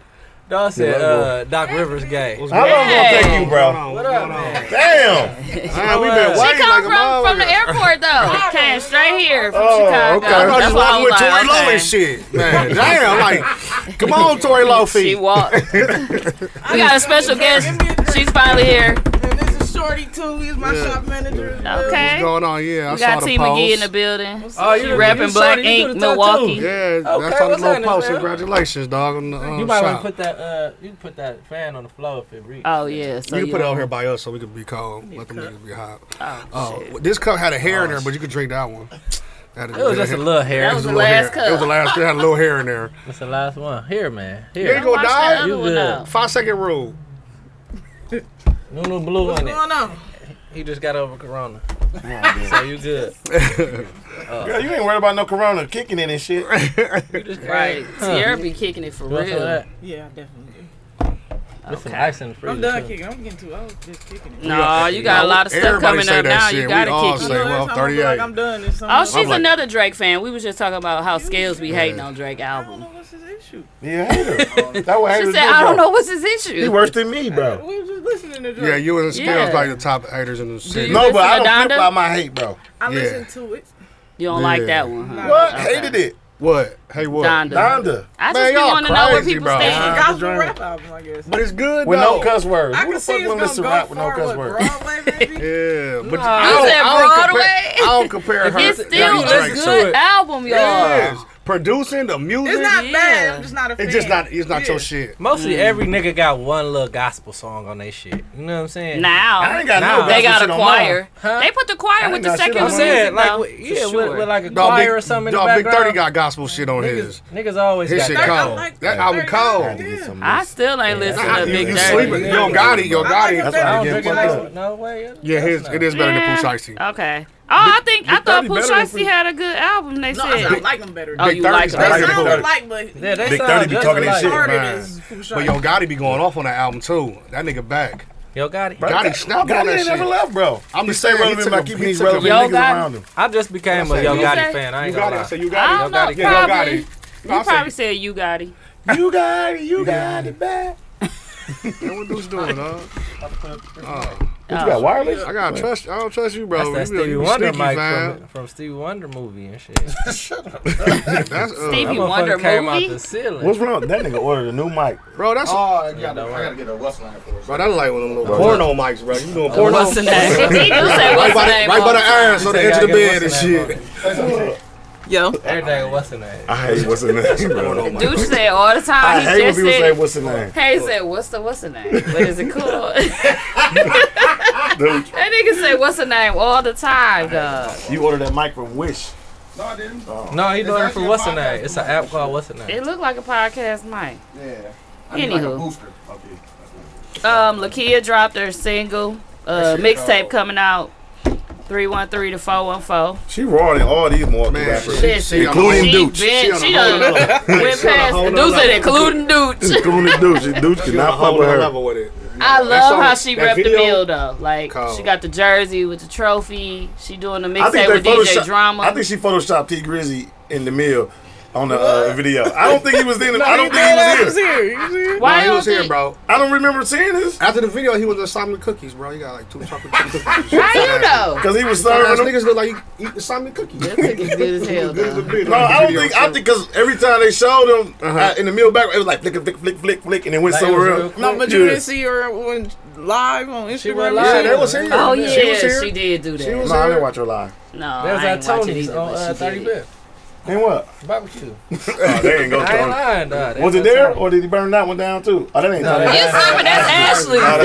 [SPEAKER 8] Don said,
[SPEAKER 4] Yeah,
[SPEAKER 8] uh, Doc Rivers gay. Oh,
[SPEAKER 7] What's
[SPEAKER 4] How long
[SPEAKER 6] Hey.
[SPEAKER 4] gonna take you, bro?
[SPEAKER 7] What
[SPEAKER 8] up,
[SPEAKER 7] man?
[SPEAKER 4] Damn.
[SPEAKER 7] we
[SPEAKER 6] She
[SPEAKER 7] been
[SPEAKER 8] She
[SPEAKER 7] waiting
[SPEAKER 6] come
[SPEAKER 7] like a
[SPEAKER 6] from, from the
[SPEAKER 7] motherfucker.
[SPEAKER 6] airport
[SPEAKER 9] [laughs]
[SPEAKER 6] though. She came straight here from
[SPEAKER 4] Oh,
[SPEAKER 6] Chicago.
[SPEAKER 4] okay. I
[SPEAKER 7] I
[SPEAKER 6] That's
[SPEAKER 7] just
[SPEAKER 6] why I
[SPEAKER 7] walking with
[SPEAKER 6] was
[SPEAKER 7] Tory
[SPEAKER 6] like, okay.
[SPEAKER 7] Lowe and
[SPEAKER 6] [laughs]
[SPEAKER 7] shit. Man, damn, like, come on, Tory Lowe
[SPEAKER 6] She
[SPEAKER 7] feet.
[SPEAKER 6] walked.
[SPEAKER 7] [laughs]
[SPEAKER 6] we got a special guest. She's finally here.
[SPEAKER 9] And this is Shorty too. He's my shop manager. as well.
[SPEAKER 6] Okay.
[SPEAKER 7] Going on, yeah. I
[SPEAKER 6] We got
[SPEAKER 7] saw
[SPEAKER 6] T
[SPEAKER 7] the
[SPEAKER 6] McGee in the
[SPEAKER 7] post.
[SPEAKER 6] building.
[SPEAKER 8] Oh, you
[SPEAKER 6] She
[SPEAKER 8] the-
[SPEAKER 6] rapping
[SPEAKER 8] you
[SPEAKER 6] Black
[SPEAKER 8] shorty, you
[SPEAKER 6] Ink,
[SPEAKER 8] do the tattoo.
[SPEAKER 6] Milwaukee.
[SPEAKER 7] Yeah,
[SPEAKER 8] Okay,
[SPEAKER 7] that's on the
[SPEAKER 8] what's
[SPEAKER 7] little
[SPEAKER 8] happening,
[SPEAKER 7] post.
[SPEAKER 8] man?
[SPEAKER 7] Congratulations, dog. On the, uh,
[SPEAKER 8] You might want
[SPEAKER 7] shop.
[SPEAKER 8] to put that, uh, you can put that fan on the floor if it reads.
[SPEAKER 6] Oh yeah. So
[SPEAKER 7] you can put it
[SPEAKER 6] don't-
[SPEAKER 7] out here by us so we can be cold. Let them niggas be hot.
[SPEAKER 6] Oh,
[SPEAKER 7] Oh,
[SPEAKER 6] shit.
[SPEAKER 7] this cup had a hair in there, but you could drink that one. That
[SPEAKER 8] It Oh, was just a little hair.
[SPEAKER 6] That was
[SPEAKER 7] a
[SPEAKER 6] the
[SPEAKER 7] little
[SPEAKER 6] last
[SPEAKER 7] hair. It was the
[SPEAKER 6] cup.
[SPEAKER 7] last. It had a little hair
[SPEAKER 6] [laughs]
[SPEAKER 7] in there.
[SPEAKER 8] That's the last one. Here, man.
[SPEAKER 7] There you
[SPEAKER 8] Here.
[SPEAKER 7] go,
[SPEAKER 6] Watch that
[SPEAKER 7] dog.
[SPEAKER 6] other one
[SPEAKER 8] good.
[SPEAKER 6] out.
[SPEAKER 7] Five second rule.
[SPEAKER 8] Nunu Blue
[SPEAKER 9] What's
[SPEAKER 8] on it.
[SPEAKER 9] going on?
[SPEAKER 8] He just got over Corona. so
[SPEAKER 7] [laughs]
[SPEAKER 8] you good.
[SPEAKER 4] Girl, you ain't worried about no corona kicking in and shit.
[SPEAKER 8] You just came.
[SPEAKER 6] Right.
[SPEAKER 8] Huh.
[SPEAKER 6] Sierra be kicking it for
[SPEAKER 8] You want some of
[SPEAKER 6] real.
[SPEAKER 8] that?
[SPEAKER 9] Yeah, I definitely. do.
[SPEAKER 8] There's some ice in the freezer.
[SPEAKER 9] I'm done
[SPEAKER 8] too.
[SPEAKER 9] kicking. I'm getting too old. Just kicking it.
[SPEAKER 6] No, you got a lot of stuff
[SPEAKER 7] Everybody
[SPEAKER 6] coming
[SPEAKER 7] say
[SPEAKER 6] up
[SPEAKER 7] that
[SPEAKER 6] now.
[SPEAKER 7] shit.
[SPEAKER 6] You
[SPEAKER 7] We
[SPEAKER 6] gotta
[SPEAKER 7] all
[SPEAKER 6] kick
[SPEAKER 9] I
[SPEAKER 6] it.
[SPEAKER 7] say-
[SPEAKER 9] know,
[SPEAKER 7] well,
[SPEAKER 9] every time I feel
[SPEAKER 7] 38.
[SPEAKER 9] Like I'm done. It's something.
[SPEAKER 6] Oh, she's
[SPEAKER 7] like-
[SPEAKER 6] another Drake fan. We was just talking about how Scales be hating on Drake
[SPEAKER 9] I don't know
[SPEAKER 6] album.
[SPEAKER 9] "Oh, what's his issue.
[SPEAKER 4] Yeah, hater. That what
[SPEAKER 6] She
[SPEAKER 4] haters
[SPEAKER 6] said,
[SPEAKER 4] do,
[SPEAKER 6] "I don't
[SPEAKER 4] bro.
[SPEAKER 6] know what's his
[SPEAKER 4] He
[SPEAKER 6] issue."
[SPEAKER 4] worse than me, bro.
[SPEAKER 9] We were just listening to Drake.
[SPEAKER 7] [laughs] Yeah, you and Scales
[SPEAKER 6] Yeah.
[SPEAKER 7] like the top haters in the city.
[SPEAKER 6] you-
[SPEAKER 4] No,
[SPEAKER 6] listen
[SPEAKER 4] but I
[SPEAKER 6] to
[SPEAKER 4] don't
[SPEAKER 6] Donda?
[SPEAKER 4] flip out my hate, bro.
[SPEAKER 9] I
[SPEAKER 7] yeah.
[SPEAKER 9] listened to it.
[SPEAKER 6] You don't like
[SPEAKER 7] Yeah.
[SPEAKER 6] that one, huh?
[SPEAKER 4] What?
[SPEAKER 6] Okay.
[SPEAKER 4] Hated it.
[SPEAKER 7] What? Hey, what?
[SPEAKER 6] Donda.
[SPEAKER 4] Donda.
[SPEAKER 6] I
[SPEAKER 7] Man,
[SPEAKER 6] just
[SPEAKER 7] y'all
[SPEAKER 6] want to know where
[SPEAKER 7] crazy,
[SPEAKER 6] people
[SPEAKER 7] bro.
[SPEAKER 9] It's a
[SPEAKER 6] stand.
[SPEAKER 4] Nah.
[SPEAKER 9] gospel
[SPEAKER 4] Drake.
[SPEAKER 9] rap album, I guess.
[SPEAKER 7] But it's good
[SPEAKER 4] With
[SPEAKER 7] though.
[SPEAKER 4] no cuss words.
[SPEAKER 9] I
[SPEAKER 4] Who
[SPEAKER 9] can
[SPEAKER 4] the
[SPEAKER 9] see
[SPEAKER 4] fuck
[SPEAKER 9] it's
[SPEAKER 4] want to
[SPEAKER 9] gonna
[SPEAKER 4] listen
[SPEAKER 9] go
[SPEAKER 4] to rap with no
[SPEAKER 9] far
[SPEAKER 4] cuss
[SPEAKER 9] with
[SPEAKER 7] [laughs]
[SPEAKER 4] words?
[SPEAKER 9] Broadway, baby.
[SPEAKER 7] Yeah, but
[SPEAKER 6] You
[SPEAKER 7] I, don't,
[SPEAKER 6] said
[SPEAKER 7] I, don't compare,
[SPEAKER 6] Broadway?
[SPEAKER 7] I don't compare her.
[SPEAKER 6] It's
[SPEAKER 7] to
[SPEAKER 6] still
[SPEAKER 7] Dr.
[SPEAKER 6] a
[SPEAKER 7] Drake.
[SPEAKER 8] to it.
[SPEAKER 6] good album, y'all.
[SPEAKER 7] It is. Producing the music.
[SPEAKER 9] It's not
[SPEAKER 7] [laughs]
[SPEAKER 6] Yeah.
[SPEAKER 9] bad. I'm just not a fan.
[SPEAKER 7] It's just not. It's not your
[SPEAKER 9] Yeah.
[SPEAKER 7] shit.
[SPEAKER 8] Mostly
[SPEAKER 6] Mm.
[SPEAKER 8] every nigga got one little gospel song on their shit. You know what I'm saying?
[SPEAKER 4] I
[SPEAKER 6] Now
[SPEAKER 4] ain't got
[SPEAKER 8] Nah.
[SPEAKER 4] no
[SPEAKER 6] they
[SPEAKER 4] gospel
[SPEAKER 6] got
[SPEAKER 4] shit
[SPEAKER 6] a
[SPEAKER 4] on mine.
[SPEAKER 6] choir.
[SPEAKER 8] Huh?
[SPEAKER 6] They put the choir
[SPEAKER 4] ain't
[SPEAKER 6] with the
[SPEAKER 4] got shit
[SPEAKER 6] second
[SPEAKER 4] on
[SPEAKER 8] I'm
[SPEAKER 4] mine.
[SPEAKER 6] music,
[SPEAKER 8] saying, like,
[SPEAKER 6] though,
[SPEAKER 8] with,
[SPEAKER 6] for
[SPEAKER 8] yeah,
[SPEAKER 6] sure.
[SPEAKER 8] with, with like a
[SPEAKER 7] Dog,
[SPEAKER 8] choir
[SPEAKER 7] Big-
[SPEAKER 8] or something in the
[SPEAKER 7] dog, Big
[SPEAKER 8] background.
[SPEAKER 7] Thirty got gospel shit on
[SPEAKER 8] niggas,
[SPEAKER 7] his.
[SPEAKER 8] niggas always
[SPEAKER 7] His
[SPEAKER 8] got
[SPEAKER 7] shit
[SPEAKER 9] Thirty- I
[SPEAKER 7] cold.
[SPEAKER 9] like
[SPEAKER 7] that
[SPEAKER 9] Thirty
[SPEAKER 7] album cold.
[SPEAKER 9] Rock.
[SPEAKER 6] I still ain't listening
[SPEAKER 7] Nah,
[SPEAKER 6] to
[SPEAKER 7] you,
[SPEAKER 6] Big
[SPEAKER 7] you
[SPEAKER 6] Daddy.
[SPEAKER 7] sleeping?
[SPEAKER 8] Dirty.
[SPEAKER 7] Yo Gotti, Yo
[SPEAKER 9] I like
[SPEAKER 7] Gotti.
[SPEAKER 9] him
[SPEAKER 4] That's why
[SPEAKER 9] better
[SPEAKER 8] I
[SPEAKER 4] I
[SPEAKER 9] than
[SPEAKER 4] get
[SPEAKER 8] don't drink
[SPEAKER 4] fucked
[SPEAKER 9] Drake.
[SPEAKER 4] up.
[SPEAKER 8] it. No way.
[SPEAKER 7] Yeah, his,
[SPEAKER 8] That's
[SPEAKER 7] it is better
[SPEAKER 6] Yeah.
[SPEAKER 7] than Pusha T.
[SPEAKER 6] Okay. Oh, I think I thought
[SPEAKER 4] Thirty better than
[SPEAKER 6] Pusha T had a good album. They
[SPEAKER 9] No, I said I
[SPEAKER 6] said.
[SPEAKER 9] like him better.
[SPEAKER 6] Oh,
[SPEAKER 9] They
[SPEAKER 6] you like
[SPEAKER 7] Thirty's better
[SPEAKER 6] him?
[SPEAKER 7] than
[SPEAKER 9] sound
[SPEAKER 7] Pusha.
[SPEAKER 9] alike, but
[SPEAKER 8] Yeah, they
[SPEAKER 4] Big
[SPEAKER 8] sound
[SPEAKER 4] 30 be
[SPEAKER 8] just
[SPEAKER 4] talking that
[SPEAKER 8] alike.
[SPEAKER 4] shit.
[SPEAKER 9] harder
[SPEAKER 7] man.
[SPEAKER 9] than Pusha.
[SPEAKER 7] But Yo Gotti be going off on that album too. That nigga back.
[SPEAKER 8] Yo, got it.
[SPEAKER 4] Bro,
[SPEAKER 7] Gotti
[SPEAKER 4] that-
[SPEAKER 7] snapped on
[SPEAKER 4] Gotti
[SPEAKER 7] that
[SPEAKER 4] ain't never
[SPEAKER 7] shit.
[SPEAKER 4] left, bro.
[SPEAKER 7] I'm
[SPEAKER 4] He
[SPEAKER 7] just
[SPEAKER 4] stay
[SPEAKER 7] saying, he
[SPEAKER 4] relevant
[SPEAKER 7] took
[SPEAKER 4] by
[SPEAKER 7] a-
[SPEAKER 4] keeping
[SPEAKER 7] he
[SPEAKER 4] these
[SPEAKER 7] took a-
[SPEAKER 4] relevant
[SPEAKER 6] Yo,
[SPEAKER 4] niggas
[SPEAKER 6] Gotti.
[SPEAKER 4] around him.
[SPEAKER 8] I just became a
[SPEAKER 7] said
[SPEAKER 8] Yo
[SPEAKER 7] you
[SPEAKER 8] Gotti
[SPEAKER 6] said-
[SPEAKER 8] fan. I
[SPEAKER 7] You
[SPEAKER 8] ain't gonna
[SPEAKER 7] Gotti, I
[SPEAKER 8] lie.
[SPEAKER 7] said you
[SPEAKER 6] I
[SPEAKER 7] Gotti.
[SPEAKER 6] don't know.
[SPEAKER 8] Gotti.
[SPEAKER 7] Yo
[SPEAKER 6] Probably.
[SPEAKER 7] Gotti.
[SPEAKER 6] You
[SPEAKER 7] I said-
[SPEAKER 6] probably said you got it.
[SPEAKER 4] You got it. You got it back.
[SPEAKER 7] Yo, What dude's doing, dog? Oh,
[SPEAKER 4] What, you got wireless?
[SPEAKER 7] I gotta trust. I don't trust you,
[SPEAKER 8] That's
[SPEAKER 7] bro.
[SPEAKER 8] that
[SPEAKER 7] you, be-
[SPEAKER 8] Stevie
[SPEAKER 7] you be
[SPEAKER 8] Wonder
[SPEAKER 7] sneaky,
[SPEAKER 8] mic
[SPEAKER 7] fam.
[SPEAKER 8] from, from Stevie Wonder movie and shit. That
[SPEAKER 7] [laughs] That's uh,
[SPEAKER 6] Stevie
[SPEAKER 8] motherfucker
[SPEAKER 6] Wonder
[SPEAKER 8] came
[SPEAKER 6] movie?
[SPEAKER 8] out the ceiling.
[SPEAKER 4] What's wrong? That nigga ordered a new mic.
[SPEAKER 7] bro. That's
[SPEAKER 10] Oh, you
[SPEAKER 8] don't
[SPEAKER 10] gotta,
[SPEAKER 8] worry.
[SPEAKER 10] I gotta get a what's line for us.
[SPEAKER 7] bro. That's like one of them little porno mics, bro. You doing porno?
[SPEAKER 6] What's the name? He do say
[SPEAKER 7] Right
[SPEAKER 6] what's the
[SPEAKER 7] by the
[SPEAKER 6] name.
[SPEAKER 7] right by
[SPEAKER 6] all
[SPEAKER 7] the
[SPEAKER 6] the time.
[SPEAKER 7] iron, so the
[SPEAKER 8] Say,
[SPEAKER 7] edge of the
[SPEAKER 8] I
[SPEAKER 7] bed
[SPEAKER 8] got
[SPEAKER 7] and
[SPEAKER 8] what's
[SPEAKER 7] shit.
[SPEAKER 8] the name
[SPEAKER 9] Yo,
[SPEAKER 8] on it. Everything, what's the name?
[SPEAKER 4] I hate what's the name, bro.
[SPEAKER 6] Dude said all the
[SPEAKER 4] I
[SPEAKER 6] time. He
[SPEAKER 4] hate when
[SPEAKER 6] just
[SPEAKER 4] people say
[SPEAKER 6] said.
[SPEAKER 4] what's the name.
[SPEAKER 6] Hey, he said, what's the what's the name? But is it cool? [laughs] that
[SPEAKER 4] Dude,
[SPEAKER 6] nigga say what's the name all the time, dog.
[SPEAKER 4] you ordered that mic from Wish.
[SPEAKER 9] No, I didn't.
[SPEAKER 8] No, he
[SPEAKER 9] It's
[SPEAKER 8] doing it
[SPEAKER 9] actually
[SPEAKER 8] for
[SPEAKER 9] a
[SPEAKER 8] what's the
[SPEAKER 9] podcast
[SPEAKER 8] name? It's an app called what's the name?
[SPEAKER 6] It looked like a podcast mic.
[SPEAKER 9] Yeah.
[SPEAKER 6] Anywho.
[SPEAKER 9] booster. Okay.
[SPEAKER 6] Um, Lakia dropped her single, uh,
[SPEAKER 9] That shit
[SPEAKER 6] mixtape
[SPEAKER 9] cold.
[SPEAKER 6] coming out. 313 to 414.
[SPEAKER 4] She raw in all these motherfuckers.
[SPEAKER 7] Man,
[SPEAKER 4] rappers.
[SPEAKER 7] shit.
[SPEAKER 6] Listen,
[SPEAKER 4] Including
[SPEAKER 6] she
[SPEAKER 4] Dooch.
[SPEAKER 6] Been,
[SPEAKER 7] She
[SPEAKER 6] she
[SPEAKER 7] on
[SPEAKER 6] done
[SPEAKER 7] a whole
[SPEAKER 6] went
[SPEAKER 7] She on a
[SPEAKER 6] past
[SPEAKER 7] whole
[SPEAKER 6] the
[SPEAKER 7] nother
[SPEAKER 6] deuce and
[SPEAKER 7] level.
[SPEAKER 6] including Dooch.
[SPEAKER 4] Including Dooch. Dooch
[SPEAKER 7] She on a
[SPEAKER 4] cannot fuck
[SPEAKER 7] whole
[SPEAKER 4] with
[SPEAKER 7] nother
[SPEAKER 4] her.
[SPEAKER 7] level with it.
[SPEAKER 6] I
[SPEAKER 7] That
[SPEAKER 6] love
[SPEAKER 7] song-
[SPEAKER 6] how she
[SPEAKER 7] that
[SPEAKER 6] repped the
[SPEAKER 7] video-
[SPEAKER 6] bill though. Like
[SPEAKER 7] Cold.
[SPEAKER 6] she got the jersey with the trophy. She doing the
[SPEAKER 4] I
[SPEAKER 6] mixtape
[SPEAKER 4] think
[SPEAKER 6] with
[SPEAKER 4] they
[SPEAKER 6] DJ
[SPEAKER 4] photoshopped.
[SPEAKER 6] Drama.
[SPEAKER 4] I think she photoshopped T Grizzly in the mill on the uh, video. I don't think he was in. The, I don't think he was here.
[SPEAKER 6] Why
[SPEAKER 7] he
[SPEAKER 6] don't
[SPEAKER 7] was here,
[SPEAKER 6] they-
[SPEAKER 7] bro.
[SPEAKER 4] I don't remember seeing this
[SPEAKER 7] After the video, he was just Simon cookies, bro. He got like two chocolate
[SPEAKER 4] [laughs]
[SPEAKER 7] chip cookies.
[SPEAKER 6] How you know?
[SPEAKER 4] because he was
[SPEAKER 7] Those
[SPEAKER 4] serving them.
[SPEAKER 7] niggas look like he eating Simon cookies.
[SPEAKER 4] [laughs]
[SPEAKER 6] That cookies good as hell
[SPEAKER 7] Good as a
[SPEAKER 6] though.
[SPEAKER 7] bitch.
[SPEAKER 4] No, I don't
[SPEAKER 7] Video,
[SPEAKER 4] think. I
[SPEAKER 7] so-
[SPEAKER 4] think because every time they showed him
[SPEAKER 7] Uh-huh.
[SPEAKER 4] uh, in the middle background, it was like flick, flick, flick, flick, flick, and it went
[SPEAKER 8] Like, it was
[SPEAKER 4] somewhere
[SPEAKER 8] real
[SPEAKER 4] else.
[SPEAKER 8] quick.
[SPEAKER 9] No, but you
[SPEAKER 4] Yeah.
[SPEAKER 9] didn't see her when live on Instagram.
[SPEAKER 8] went
[SPEAKER 9] and
[SPEAKER 8] live.
[SPEAKER 7] Yeah,
[SPEAKER 9] shit?
[SPEAKER 7] they was here.
[SPEAKER 6] Oh
[SPEAKER 7] man.
[SPEAKER 6] yeah,
[SPEAKER 7] She was
[SPEAKER 6] she,
[SPEAKER 7] here.
[SPEAKER 6] did do that.
[SPEAKER 7] She was
[SPEAKER 4] No, I
[SPEAKER 7] here.
[SPEAKER 4] didn't watch her live.
[SPEAKER 6] no,
[SPEAKER 8] That
[SPEAKER 6] I
[SPEAKER 8] was at
[SPEAKER 6] ain't watching
[SPEAKER 8] Tony's
[SPEAKER 6] either.
[SPEAKER 8] on
[SPEAKER 6] but
[SPEAKER 8] uh,
[SPEAKER 6] she did
[SPEAKER 8] 30
[SPEAKER 6] it.
[SPEAKER 8] bit
[SPEAKER 4] And what?
[SPEAKER 8] barbecue.
[SPEAKER 4] Oh, they ain't go
[SPEAKER 8] I ain't
[SPEAKER 4] Tony.
[SPEAKER 8] lying, nah, that
[SPEAKER 4] Was it
[SPEAKER 8] the
[SPEAKER 4] there
[SPEAKER 8] Tony.
[SPEAKER 4] or did he burn that one down too? Oh, that ain't
[SPEAKER 8] No,
[SPEAKER 4] Tony.
[SPEAKER 8] that-
[SPEAKER 6] You stupid. That's Ashley.
[SPEAKER 4] Oh, that's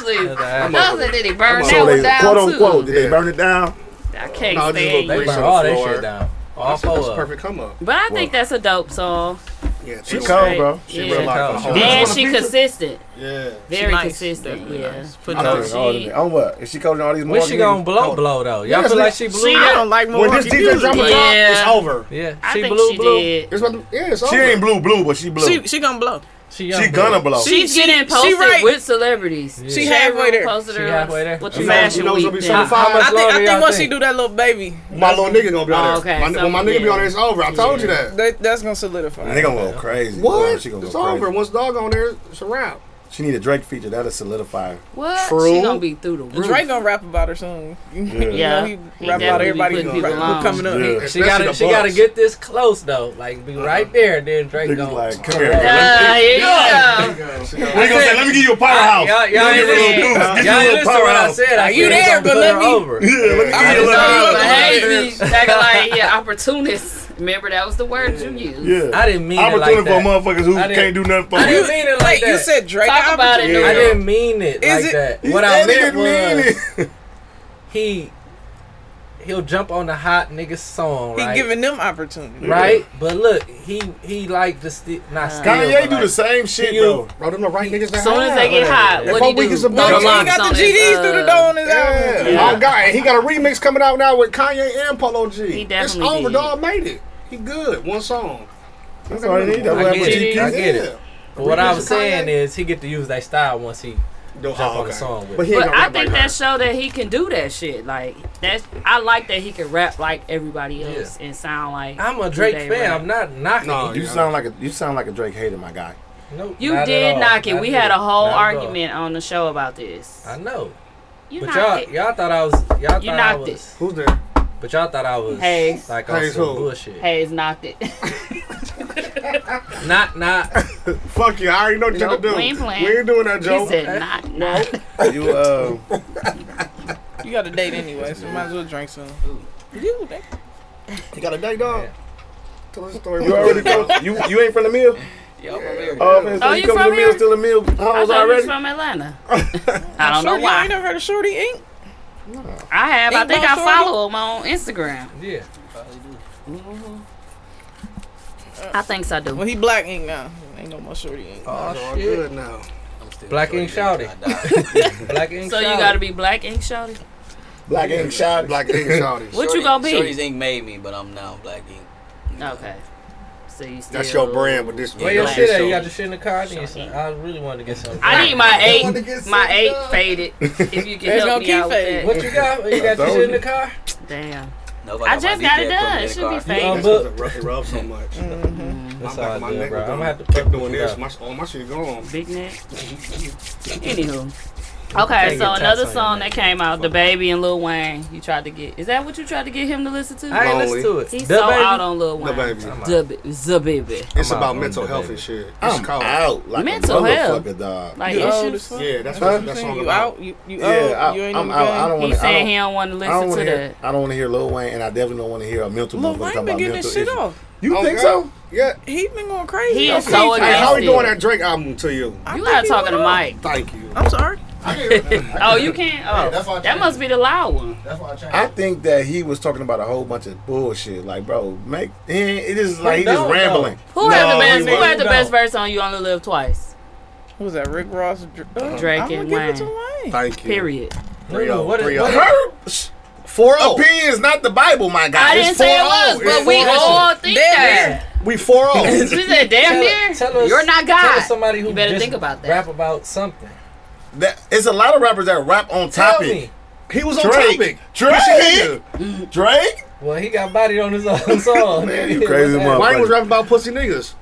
[SPEAKER 6] That's Ashley.
[SPEAKER 8] That's Ashley.
[SPEAKER 6] Nothing that he burned
[SPEAKER 4] So
[SPEAKER 6] that one
[SPEAKER 4] they
[SPEAKER 6] down
[SPEAKER 4] quote
[SPEAKER 6] too.
[SPEAKER 4] unquote did they
[SPEAKER 7] Yeah.
[SPEAKER 4] burn it down?
[SPEAKER 6] I can't stand
[SPEAKER 7] No, just a little
[SPEAKER 8] They
[SPEAKER 6] you.
[SPEAKER 7] bit.
[SPEAKER 8] burn all that
[SPEAKER 7] Floor.
[SPEAKER 8] shit down. All
[SPEAKER 7] That's a-
[SPEAKER 8] four
[SPEAKER 7] that's a
[SPEAKER 8] of them.
[SPEAKER 7] perfect come up.
[SPEAKER 6] But I think that's a dope song.
[SPEAKER 7] Yeah,
[SPEAKER 4] She
[SPEAKER 7] was-
[SPEAKER 4] cold, bro.
[SPEAKER 7] She
[SPEAKER 6] Yeah.
[SPEAKER 7] real life.
[SPEAKER 8] She
[SPEAKER 7] for the
[SPEAKER 8] cold.
[SPEAKER 7] whole-
[SPEAKER 6] And she consistent.
[SPEAKER 7] Yeah.
[SPEAKER 6] Very
[SPEAKER 9] nice.
[SPEAKER 6] consistent.
[SPEAKER 9] Definitely
[SPEAKER 6] Yeah.
[SPEAKER 9] Put
[SPEAKER 4] I
[SPEAKER 9] no,
[SPEAKER 4] think it's all in
[SPEAKER 6] she-
[SPEAKER 4] there. On what? Is she coaching all these?
[SPEAKER 8] When
[SPEAKER 4] more
[SPEAKER 8] she
[SPEAKER 4] niggas?
[SPEAKER 8] gonna blow blow though? Y'all
[SPEAKER 7] Yes,
[SPEAKER 8] feel like
[SPEAKER 7] nigga.
[SPEAKER 8] she
[SPEAKER 9] I
[SPEAKER 8] blew?
[SPEAKER 9] don't like more.
[SPEAKER 7] When this DJ drama
[SPEAKER 6] Yeah.
[SPEAKER 7] drop, it's over.
[SPEAKER 8] Yeah,
[SPEAKER 6] I
[SPEAKER 8] she
[SPEAKER 6] think
[SPEAKER 8] blew
[SPEAKER 6] she
[SPEAKER 8] blew.
[SPEAKER 6] did.
[SPEAKER 7] It's about to, yeah, it's over.
[SPEAKER 4] She ain't blue blue, but she blue.
[SPEAKER 9] She she gonna blow.
[SPEAKER 8] young
[SPEAKER 4] She gonna
[SPEAKER 8] blue.
[SPEAKER 4] blow.
[SPEAKER 6] She's
[SPEAKER 9] She-
[SPEAKER 6] getting
[SPEAKER 9] she
[SPEAKER 6] posted
[SPEAKER 9] right.
[SPEAKER 6] with celebrities.
[SPEAKER 8] She
[SPEAKER 6] Shade
[SPEAKER 9] halfway
[SPEAKER 6] Room
[SPEAKER 9] there.
[SPEAKER 6] Posted
[SPEAKER 8] She
[SPEAKER 6] her
[SPEAKER 8] halfway there.
[SPEAKER 6] With
[SPEAKER 8] She
[SPEAKER 6] the
[SPEAKER 7] knows-
[SPEAKER 6] fashion
[SPEAKER 7] she knows
[SPEAKER 6] week.
[SPEAKER 7] gonna be
[SPEAKER 6] thing.
[SPEAKER 7] certified.
[SPEAKER 8] How
[SPEAKER 9] I
[SPEAKER 8] much
[SPEAKER 9] think
[SPEAKER 8] longer
[SPEAKER 9] I think
[SPEAKER 8] y'all
[SPEAKER 9] once she
[SPEAKER 8] think?
[SPEAKER 9] do that little baby,
[SPEAKER 7] Ah, My little nigga gonna be on there.
[SPEAKER 6] Oh, okay,
[SPEAKER 7] My,
[SPEAKER 6] so
[SPEAKER 7] when my
[SPEAKER 6] yeah.
[SPEAKER 7] nigga be on there, it's over. I told you that.
[SPEAKER 9] that, that's gonna
[SPEAKER 4] And
[SPEAKER 9] solidify.
[SPEAKER 4] they gonna go crazy.
[SPEAKER 7] What?
[SPEAKER 4] Boy, she gonna
[SPEAKER 7] it's
[SPEAKER 4] go
[SPEAKER 7] over.
[SPEAKER 4] crazy.
[SPEAKER 7] Once dog on there, it's a wrap.
[SPEAKER 4] She need a Drake feature. That'll solidify her.
[SPEAKER 6] What?
[SPEAKER 7] True.
[SPEAKER 6] She gonna be through the roof.
[SPEAKER 9] Drake gonna rap about her soon. [laughs] you
[SPEAKER 6] Yeah.
[SPEAKER 9] know, he,
[SPEAKER 6] He
[SPEAKER 9] rap about
[SPEAKER 6] definitely
[SPEAKER 9] everybody
[SPEAKER 6] putting
[SPEAKER 9] who
[SPEAKER 6] people on.
[SPEAKER 9] coming up.
[SPEAKER 4] Yeah.
[SPEAKER 8] She gotta she gotta get this close though, like be right there, and then Drake
[SPEAKER 4] Niggas
[SPEAKER 8] gonna
[SPEAKER 4] like, come here.
[SPEAKER 9] Uh,
[SPEAKER 6] Ah, here you go.
[SPEAKER 4] They gonna say, let me give you a powerhouse.
[SPEAKER 8] Y'all, y'all
[SPEAKER 4] Let me
[SPEAKER 8] ain't
[SPEAKER 4] give you a
[SPEAKER 8] listen.
[SPEAKER 4] little
[SPEAKER 8] Y'all
[SPEAKER 4] deuce.
[SPEAKER 8] ain't
[SPEAKER 4] Give you a
[SPEAKER 8] listen
[SPEAKER 4] little
[SPEAKER 8] to what I
[SPEAKER 4] powerhouse.
[SPEAKER 8] said. I
[SPEAKER 9] Are you
[SPEAKER 8] said they
[SPEAKER 9] there?
[SPEAKER 8] gonna
[SPEAKER 9] Good
[SPEAKER 8] put her
[SPEAKER 9] luck.
[SPEAKER 8] over.
[SPEAKER 4] Yeah, let me give
[SPEAKER 9] [laughs]
[SPEAKER 4] you a little
[SPEAKER 6] No,
[SPEAKER 9] Yeah.
[SPEAKER 6] but
[SPEAKER 9] Yeah.
[SPEAKER 6] hey, you acting like yeah, opportunist. Remember that was the word you used.
[SPEAKER 4] Yeah.
[SPEAKER 8] I didn't mean it
[SPEAKER 4] Opportunity
[SPEAKER 8] like
[SPEAKER 4] for
[SPEAKER 8] that.
[SPEAKER 4] motherfuckers who
[SPEAKER 8] I
[SPEAKER 4] can't
[SPEAKER 8] didn't-
[SPEAKER 4] do nothing for
[SPEAKER 8] I
[SPEAKER 4] you.
[SPEAKER 8] didn't mean it like
[SPEAKER 9] Wait,
[SPEAKER 8] that.
[SPEAKER 9] you said Drake
[SPEAKER 6] Talk about it,
[SPEAKER 9] opportunity?
[SPEAKER 8] I
[SPEAKER 6] Nora.
[SPEAKER 8] didn't mean it
[SPEAKER 9] Is
[SPEAKER 8] like
[SPEAKER 9] it-
[SPEAKER 8] that. What I
[SPEAKER 4] Daddy
[SPEAKER 8] meant
[SPEAKER 4] didn't mean
[SPEAKER 8] [laughs] was
[SPEAKER 4] it.
[SPEAKER 8] he he'll jump on the hot nigga song,
[SPEAKER 9] He
[SPEAKER 8] right?
[SPEAKER 9] giving them opportunity.
[SPEAKER 8] right? But look, he he like to sti- not
[SPEAKER 6] Uh,
[SPEAKER 8] steal.
[SPEAKER 4] Kanye
[SPEAKER 8] but
[SPEAKER 4] do the
[SPEAKER 8] like-
[SPEAKER 4] same shit,
[SPEAKER 8] you-
[SPEAKER 4] though.
[SPEAKER 7] Bro, them the right niggas that
[SPEAKER 6] As soon as they get hot,
[SPEAKER 7] That
[SPEAKER 6] what do
[SPEAKER 7] four
[SPEAKER 6] you do?
[SPEAKER 7] week is a
[SPEAKER 9] No,
[SPEAKER 7] bunch.
[SPEAKER 6] Throw
[SPEAKER 9] he
[SPEAKER 6] locks
[SPEAKER 9] got
[SPEAKER 6] on
[SPEAKER 9] the
[SPEAKER 6] his,
[SPEAKER 9] GDs through the
[SPEAKER 6] uh,
[SPEAKER 9] door on his
[SPEAKER 7] Yeah.
[SPEAKER 9] album.
[SPEAKER 6] Yeah.
[SPEAKER 7] Oh, God. And he got a remix coming out now with Kanye and Polo G.
[SPEAKER 6] He definitely
[SPEAKER 7] It's over,
[SPEAKER 6] did.
[SPEAKER 7] dog. Made it. He good. One song.
[SPEAKER 4] That's all you need. That's
[SPEAKER 8] I
[SPEAKER 4] what
[SPEAKER 8] get it. I
[SPEAKER 4] happened to
[SPEAKER 8] get
[SPEAKER 7] Yeah.
[SPEAKER 8] it. But what I
[SPEAKER 7] Remix
[SPEAKER 8] was
[SPEAKER 7] of Kanye?
[SPEAKER 8] saying is he get to use that style once he
[SPEAKER 7] Jump
[SPEAKER 8] on the song with
[SPEAKER 7] But he ain't
[SPEAKER 6] But
[SPEAKER 7] gonna
[SPEAKER 6] I
[SPEAKER 7] rap like
[SPEAKER 6] think
[SPEAKER 7] her.
[SPEAKER 6] that show that he can do that shit. Like that's I like that he can rap like everybody else and sound like
[SPEAKER 8] I'm a
[SPEAKER 6] who
[SPEAKER 8] Drake
[SPEAKER 6] they
[SPEAKER 8] fan.
[SPEAKER 6] rap.
[SPEAKER 8] I'm not knocking.
[SPEAKER 7] No,
[SPEAKER 8] it.
[SPEAKER 4] You sound like a you sound like a Drake hater, my guy.
[SPEAKER 8] Nope,
[SPEAKER 6] You
[SPEAKER 8] not at
[SPEAKER 6] did
[SPEAKER 8] all.
[SPEAKER 6] knock it.
[SPEAKER 8] Not
[SPEAKER 6] we
[SPEAKER 8] at
[SPEAKER 6] had a
[SPEAKER 8] all.
[SPEAKER 6] whole
[SPEAKER 8] Not at all.
[SPEAKER 6] argument on the show about this.
[SPEAKER 8] I know,
[SPEAKER 6] You
[SPEAKER 8] but
[SPEAKER 6] knocked
[SPEAKER 8] y'all
[SPEAKER 6] it.
[SPEAKER 8] y'all thought I was y'all
[SPEAKER 6] You
[SPEAKER 8] thought I
[SPEAKER 6] knocked it.
[SPEAKER 8] was,
[SPEAKER 7] Who's there?
[SPEAKER 8] but y'all thought I was
[SPEAKER 6] Hayes.
[SPEAKER 8] like on
[SPEAKER 7] Hayes
[SPEAKER 8] some
[SPEAKER 7] who?
[SPEAKER 8] bullshit.
[SPEAKER 6] Hayes knocked it. [laughs]
[SPEAKER 8] Not
[SPEAKER 4] [laughs]
[SPEAKER 8] not.
[SPEAKER 7] Fuck you. I already know what you're
[SPEAKER 6] Nope,
[SPEAKER 7] gonna do.
[SPEAKER 6] we ain't playing.
[SPEAKER 7] We ain't doing that,
[SPEAKER 6] he
[SPEAKER 7] Joe.
[SPEAKER 6] said knock [laughs] knock.
[SPEAKER 4] You uh,
[SPEAKER 9] You got a date anyway, so might as well drink some. You, that-
[SPEAKER 7] You got a date, dog?
[SPEAKER 8] Yeah.
[SPEAKER 7] Tell us the story.
[SPEAKER 4] you already go. You you ain't from the mill. Oh, man, so
[SPEAKER 6] Oh,
[SPEAKER 4] you
[SPEAKER 6] you
[SPEAKER 4] come to
[SPEAKER 6] from
[SPEAKER 4] the
[SPEAKER 6] here?
[SPEAKER 4] mill, still a mill
[SPEAKER 6] I
[SPEAKER 4] hoes
[SPEAKER 6] thought he was
[SPEAKER 4] already.
[SPEAKER 6] from Atlanta. I don't know
[SPEAKER 9] Shorty, You Oh, ain't
[SPEAKER 6] why.
[SPEAKER 9] never heard of Shorty Inc.
[SPEAKER 6] I have. I
[SPEAKER 9] Ain't
[SPEAKER 6] think
[SPEAKER 9] no
[SPEAKER 6] I
[SPEAKER 9] Shorty?
[SPEAKER 6] follow him on Instagram.
[SPEAKER 8] Yeah.
[SPEAKER 6] I think so, I do.
[SPEAKER 9] Well, he black Inc. now. Ain't no more Shorty Inc.
[SPEAKER 8] Oh
[SPEAKER 7] All
[SPEAKER 8] shit.
[SPEAKER 7] good now.
[SPEAKER 8] Black ink shouty.
[SPEAKER 6] [laughs]
[SPEAKER 8] [laughs] Black ink.
[SPEAKER 6] So you gotta be black ink shouty.
[SPEAKER 4] Black ain't shot.
[SPEAKER 7] Black Ink Shawty.
[SPEAKER 6] What you gonna be?
[SPEAKER 10] Shorty's Ink made me, but I'm now Black Ink.
[SPEAKER 6] Okay. So you still.
[SPEAKER 7] That's your brand with this
[SPEAKER 8] Where your shit at? You got the shit in the car. I, need some, I really wanted to get some.
[SPEAKER 6] I need my
[SPEAKER 7] wanted to
[SPEAKER 6] eight.
[SPEAKER 7] get
[SPEAKER 6] My
[SPEAKER 7] some
[SPEAKER 6] eight
[SPEAKER 7] done.
[SPEAKER 6] faded. If you can
[SPEAKER 9] There's
[SPEAKER 6] help
[SPEAKER 9] no
[SPEAKER 6] me
[SPEAKER 9] key
[SPEAKER 6] out
[SPEAKER 9] fade.
[SPEAKER 6] with
[SPEAKER 8] What you got? You got your shit in the car?
[SPEAKER 6] that. Damn.
[SPEAKER 10] No,
[SPEAKER 6] I just got it done. It should be
[SPEAKER 10] fake.
[SPEAKER 8] You
[SPEAKER 6] faded.
[SPEAKER 7] That's 'cause
[SPEAKER 8] unbooked?
[SPEAKER 7] it rub- it rubs so much. My
[SPEAKER 8] That's
[SPEAKER 7] back
[SPEAKER 8] Mm. all
[SPEAKER 7] of my
[SPEAKER 8] I do,
[SPEAKER 7] neck
[SPEAKER 8] bro.
[SPEAKER 7] was
[SPEAKER 8] I'm gonna
[SPEAKER 7] done.
[SPEAKER 8] have to fuck
[SPEAKER 7] Kept doing this.
[SPEAKER 8] up.
[SPEAKER 7] My, all my shit gone.
[SPEAKER 6] Big neck. Anywho. Okay,
[SPEAKER 8] Can't
[SPEAKER 6] so
[SPEAKER 8] get
[SPEAKER 6] another
[SPEAKER 8] tats on
[SPEAKER 6] song
[SPEAKER 8] your
[SPEAKER 6] that
[SPEAKER 8] neck.
[SPEAKER 6] came out, the baby and Lil Wayne. You tried to get. Is that what you tried to get him to listen to?
[SPEAKER 8] I ain't
[SPEAKER 7] Lonely.
[SPEAKER 8] listen to it.
[SPEAKER 6] He's
[SPEAKER 8] The
[SPEAKER 6] so
[SPEAKER 8] baby.
[SPEAKER 6] out on Lil
[SPEAKER 7] The
[SPEAKER 6] Wayne.
[SPEAKER 7] baby.
[SPEAKER 6] The, ba- the baby.
[SPEAKER 7] It's
[SPEAKER 8] I'm out
[SPEAKER 7] about
[SPEAKER 8] on
[SPEAKER 7] mental
[SPEAKER 8] the
[SPEAKER 7] health
[SPEAKER 8] baby.
[SPEAKER 7] and shit. It's
[SPEAKER 4] I'm
[SPEAKER 7] cold.
[SPEAKER 4] out like
[SPEAKER 6] Mental
[SPEAKER 4] a
[SPEAKER 6] health.
[SPEAKER 4] motherfucker, dog. Oh,
[SPEAKER 6] Like
[SPEAKER 9] You old
[SPEAKER 6] issues.
[SPEAKER 9] as fuck.
[SPEAKER 7] Yeah, that's what that's
[SPEAKER 9] You
[SPEAKER 7] all
[SPEAKER 9] saying you
[SPEAKER 7] about.
[SPEAKER 9] out? You, you old?
[SPEAKER 4] Yeah,
[SPEAKER 9] you
[SPEAKER 4] I,
[SPEAKER 9] ain't
[SPEAKER 4] I'm
[SPEAKER 9] even
[SPEAKER 4] out. I don't
[SPEAKER 6] He
[SPEAKER 4] want to.
[SPEAKER 6] said he
[SPEAKER 4] I
[SPEAKER 6] don't want to
[SPEAKER 4] don't
[SPEAKER 6] listen
[SPEAKER 4] want
[SPEAKER 6] to
[SPEAKER 4] to
[SPEAKER 6] that.
[SPEAKER 4] hear. I don't want to hear Lil Wayne, and I definitely don't want to hear a mental
[SPEAKER 9] Lil
[SPEAKER 4] motherfucker talk
[SPEAKER 9] Wayne
[SPEAKER 4] about
[SPEAKER 9] been getting
[SPEAKER 4] mental
[SPEAKER 9] his
[SPEAKER 4] issues.
[SPEAKER 9] shit off.
[SPEAKER 4] You
[SPEAKER 7] Oh,
[SPEAKER 4] think
[SPEAKER 7] God.
[SPEAKER 4] so?
[SPEAKER 7] Yeah.
[SPEAKER 9] He been going crazy.
[SPEAKER 6] He is
[SPEAKER 9] Okay.
[SPEAKER 6] so
[SPEAKER 7] Hey,
[SPEAKER 6] against
[SPEAKER 7] how he
[SPEAKER 6] it.
[SPEAKER 7] doing that Drake album to you?
[SPEAKER 9] I
[SPEAKER 6] You
[SPEAKER 9] think
[SPEAKER 6] gotta
[SPEAKER 9] he
[SPEAKER 6] talk to
[SPEAKER 9] went
[SPEAKER 6] the
[SPEAKER 9] off.
[SPEAKER 6] mic.
[SPEAKER 7] Thank you.
[SPEAKER 9] I'm sorry.
[SPEAKER 6] oh, you can't. Oh,
[SPEAKER 11] that's why I
[SPEAKER 6] that must be the loud one.
[SPEAKER 11] That's why I changed.
[SPEAKER 4] I think that he was talking about a whole bunch of bullshit. Like, bro, make eh, it is like he just
[SPEAKER 6] don't,
[SPEAKER 4] rambling.
[SPEAKER 6] Who had the best?
[SPEAKER 4] he
[SPEAKER 6] Who had the
[SPEAKER 4] wasn't.
[SPEAKER 6] best verse on "You Only Live Twice"?
[SPEAKER 9] Who was that? Rick Ross, Dr- uh,
[SPEAKER 6] Drake
[SPEAKER 9] I'ma
[SPEAKER 6] and
[SPEAKER 9] give it
[SPEAKER 6] Wayne.
[SPEAKER 9] to Wayne.
[SPEAKER 7] Thank you.
[SPEAKER 6] Period.
[SPEAKER 7] Three-oh,
[SPEAKER 4] What is-
[SPEAKER 7] three-oh.
[SPEAKER 4] what is- Four opinions, not the Bible, my guy.
[SPEAKER 6] I didn't
[SPEAKER 4] It's
[SPEAKER 6] say it
[SPEAKER 4] 4-0.
[SPEAKER 6] was, but
[SPEAKER 4] It's
[SPEAKER 6] we
[SPEAKER 4] 4-0.
[SPEAKER 6] all think that.
[SPEAKER 4] We four oh. [laughs]
[SPEAKER 6] She said, "Damn near, you're not God."
[SPEAKER 4] tell us
[SPEAKER 8] somebody
[SPEAKER 6] who you better think about that.
[SPEAKER 8] Rap about something.
[SPEAKER 4] That it's a lot of rappers that rap on
[SPEAKER 8] Tell
[SPEAKER 4] topic.
[SPEAKER 8] me.
[SPEAKER 4] He
[SPEAKER 8] was on topic.
[SPEAKER 4] Drake. Drake. Drake.
[SPEAKER 8] Well, he got bodied on his own [laughs] song.
[SPEAKER 4] Man, you crazy
[SPEAKER 7] Wayne was
[SPEAKER 4] motherfucker.
[SPEAKER 7] rapping about pussy niggas.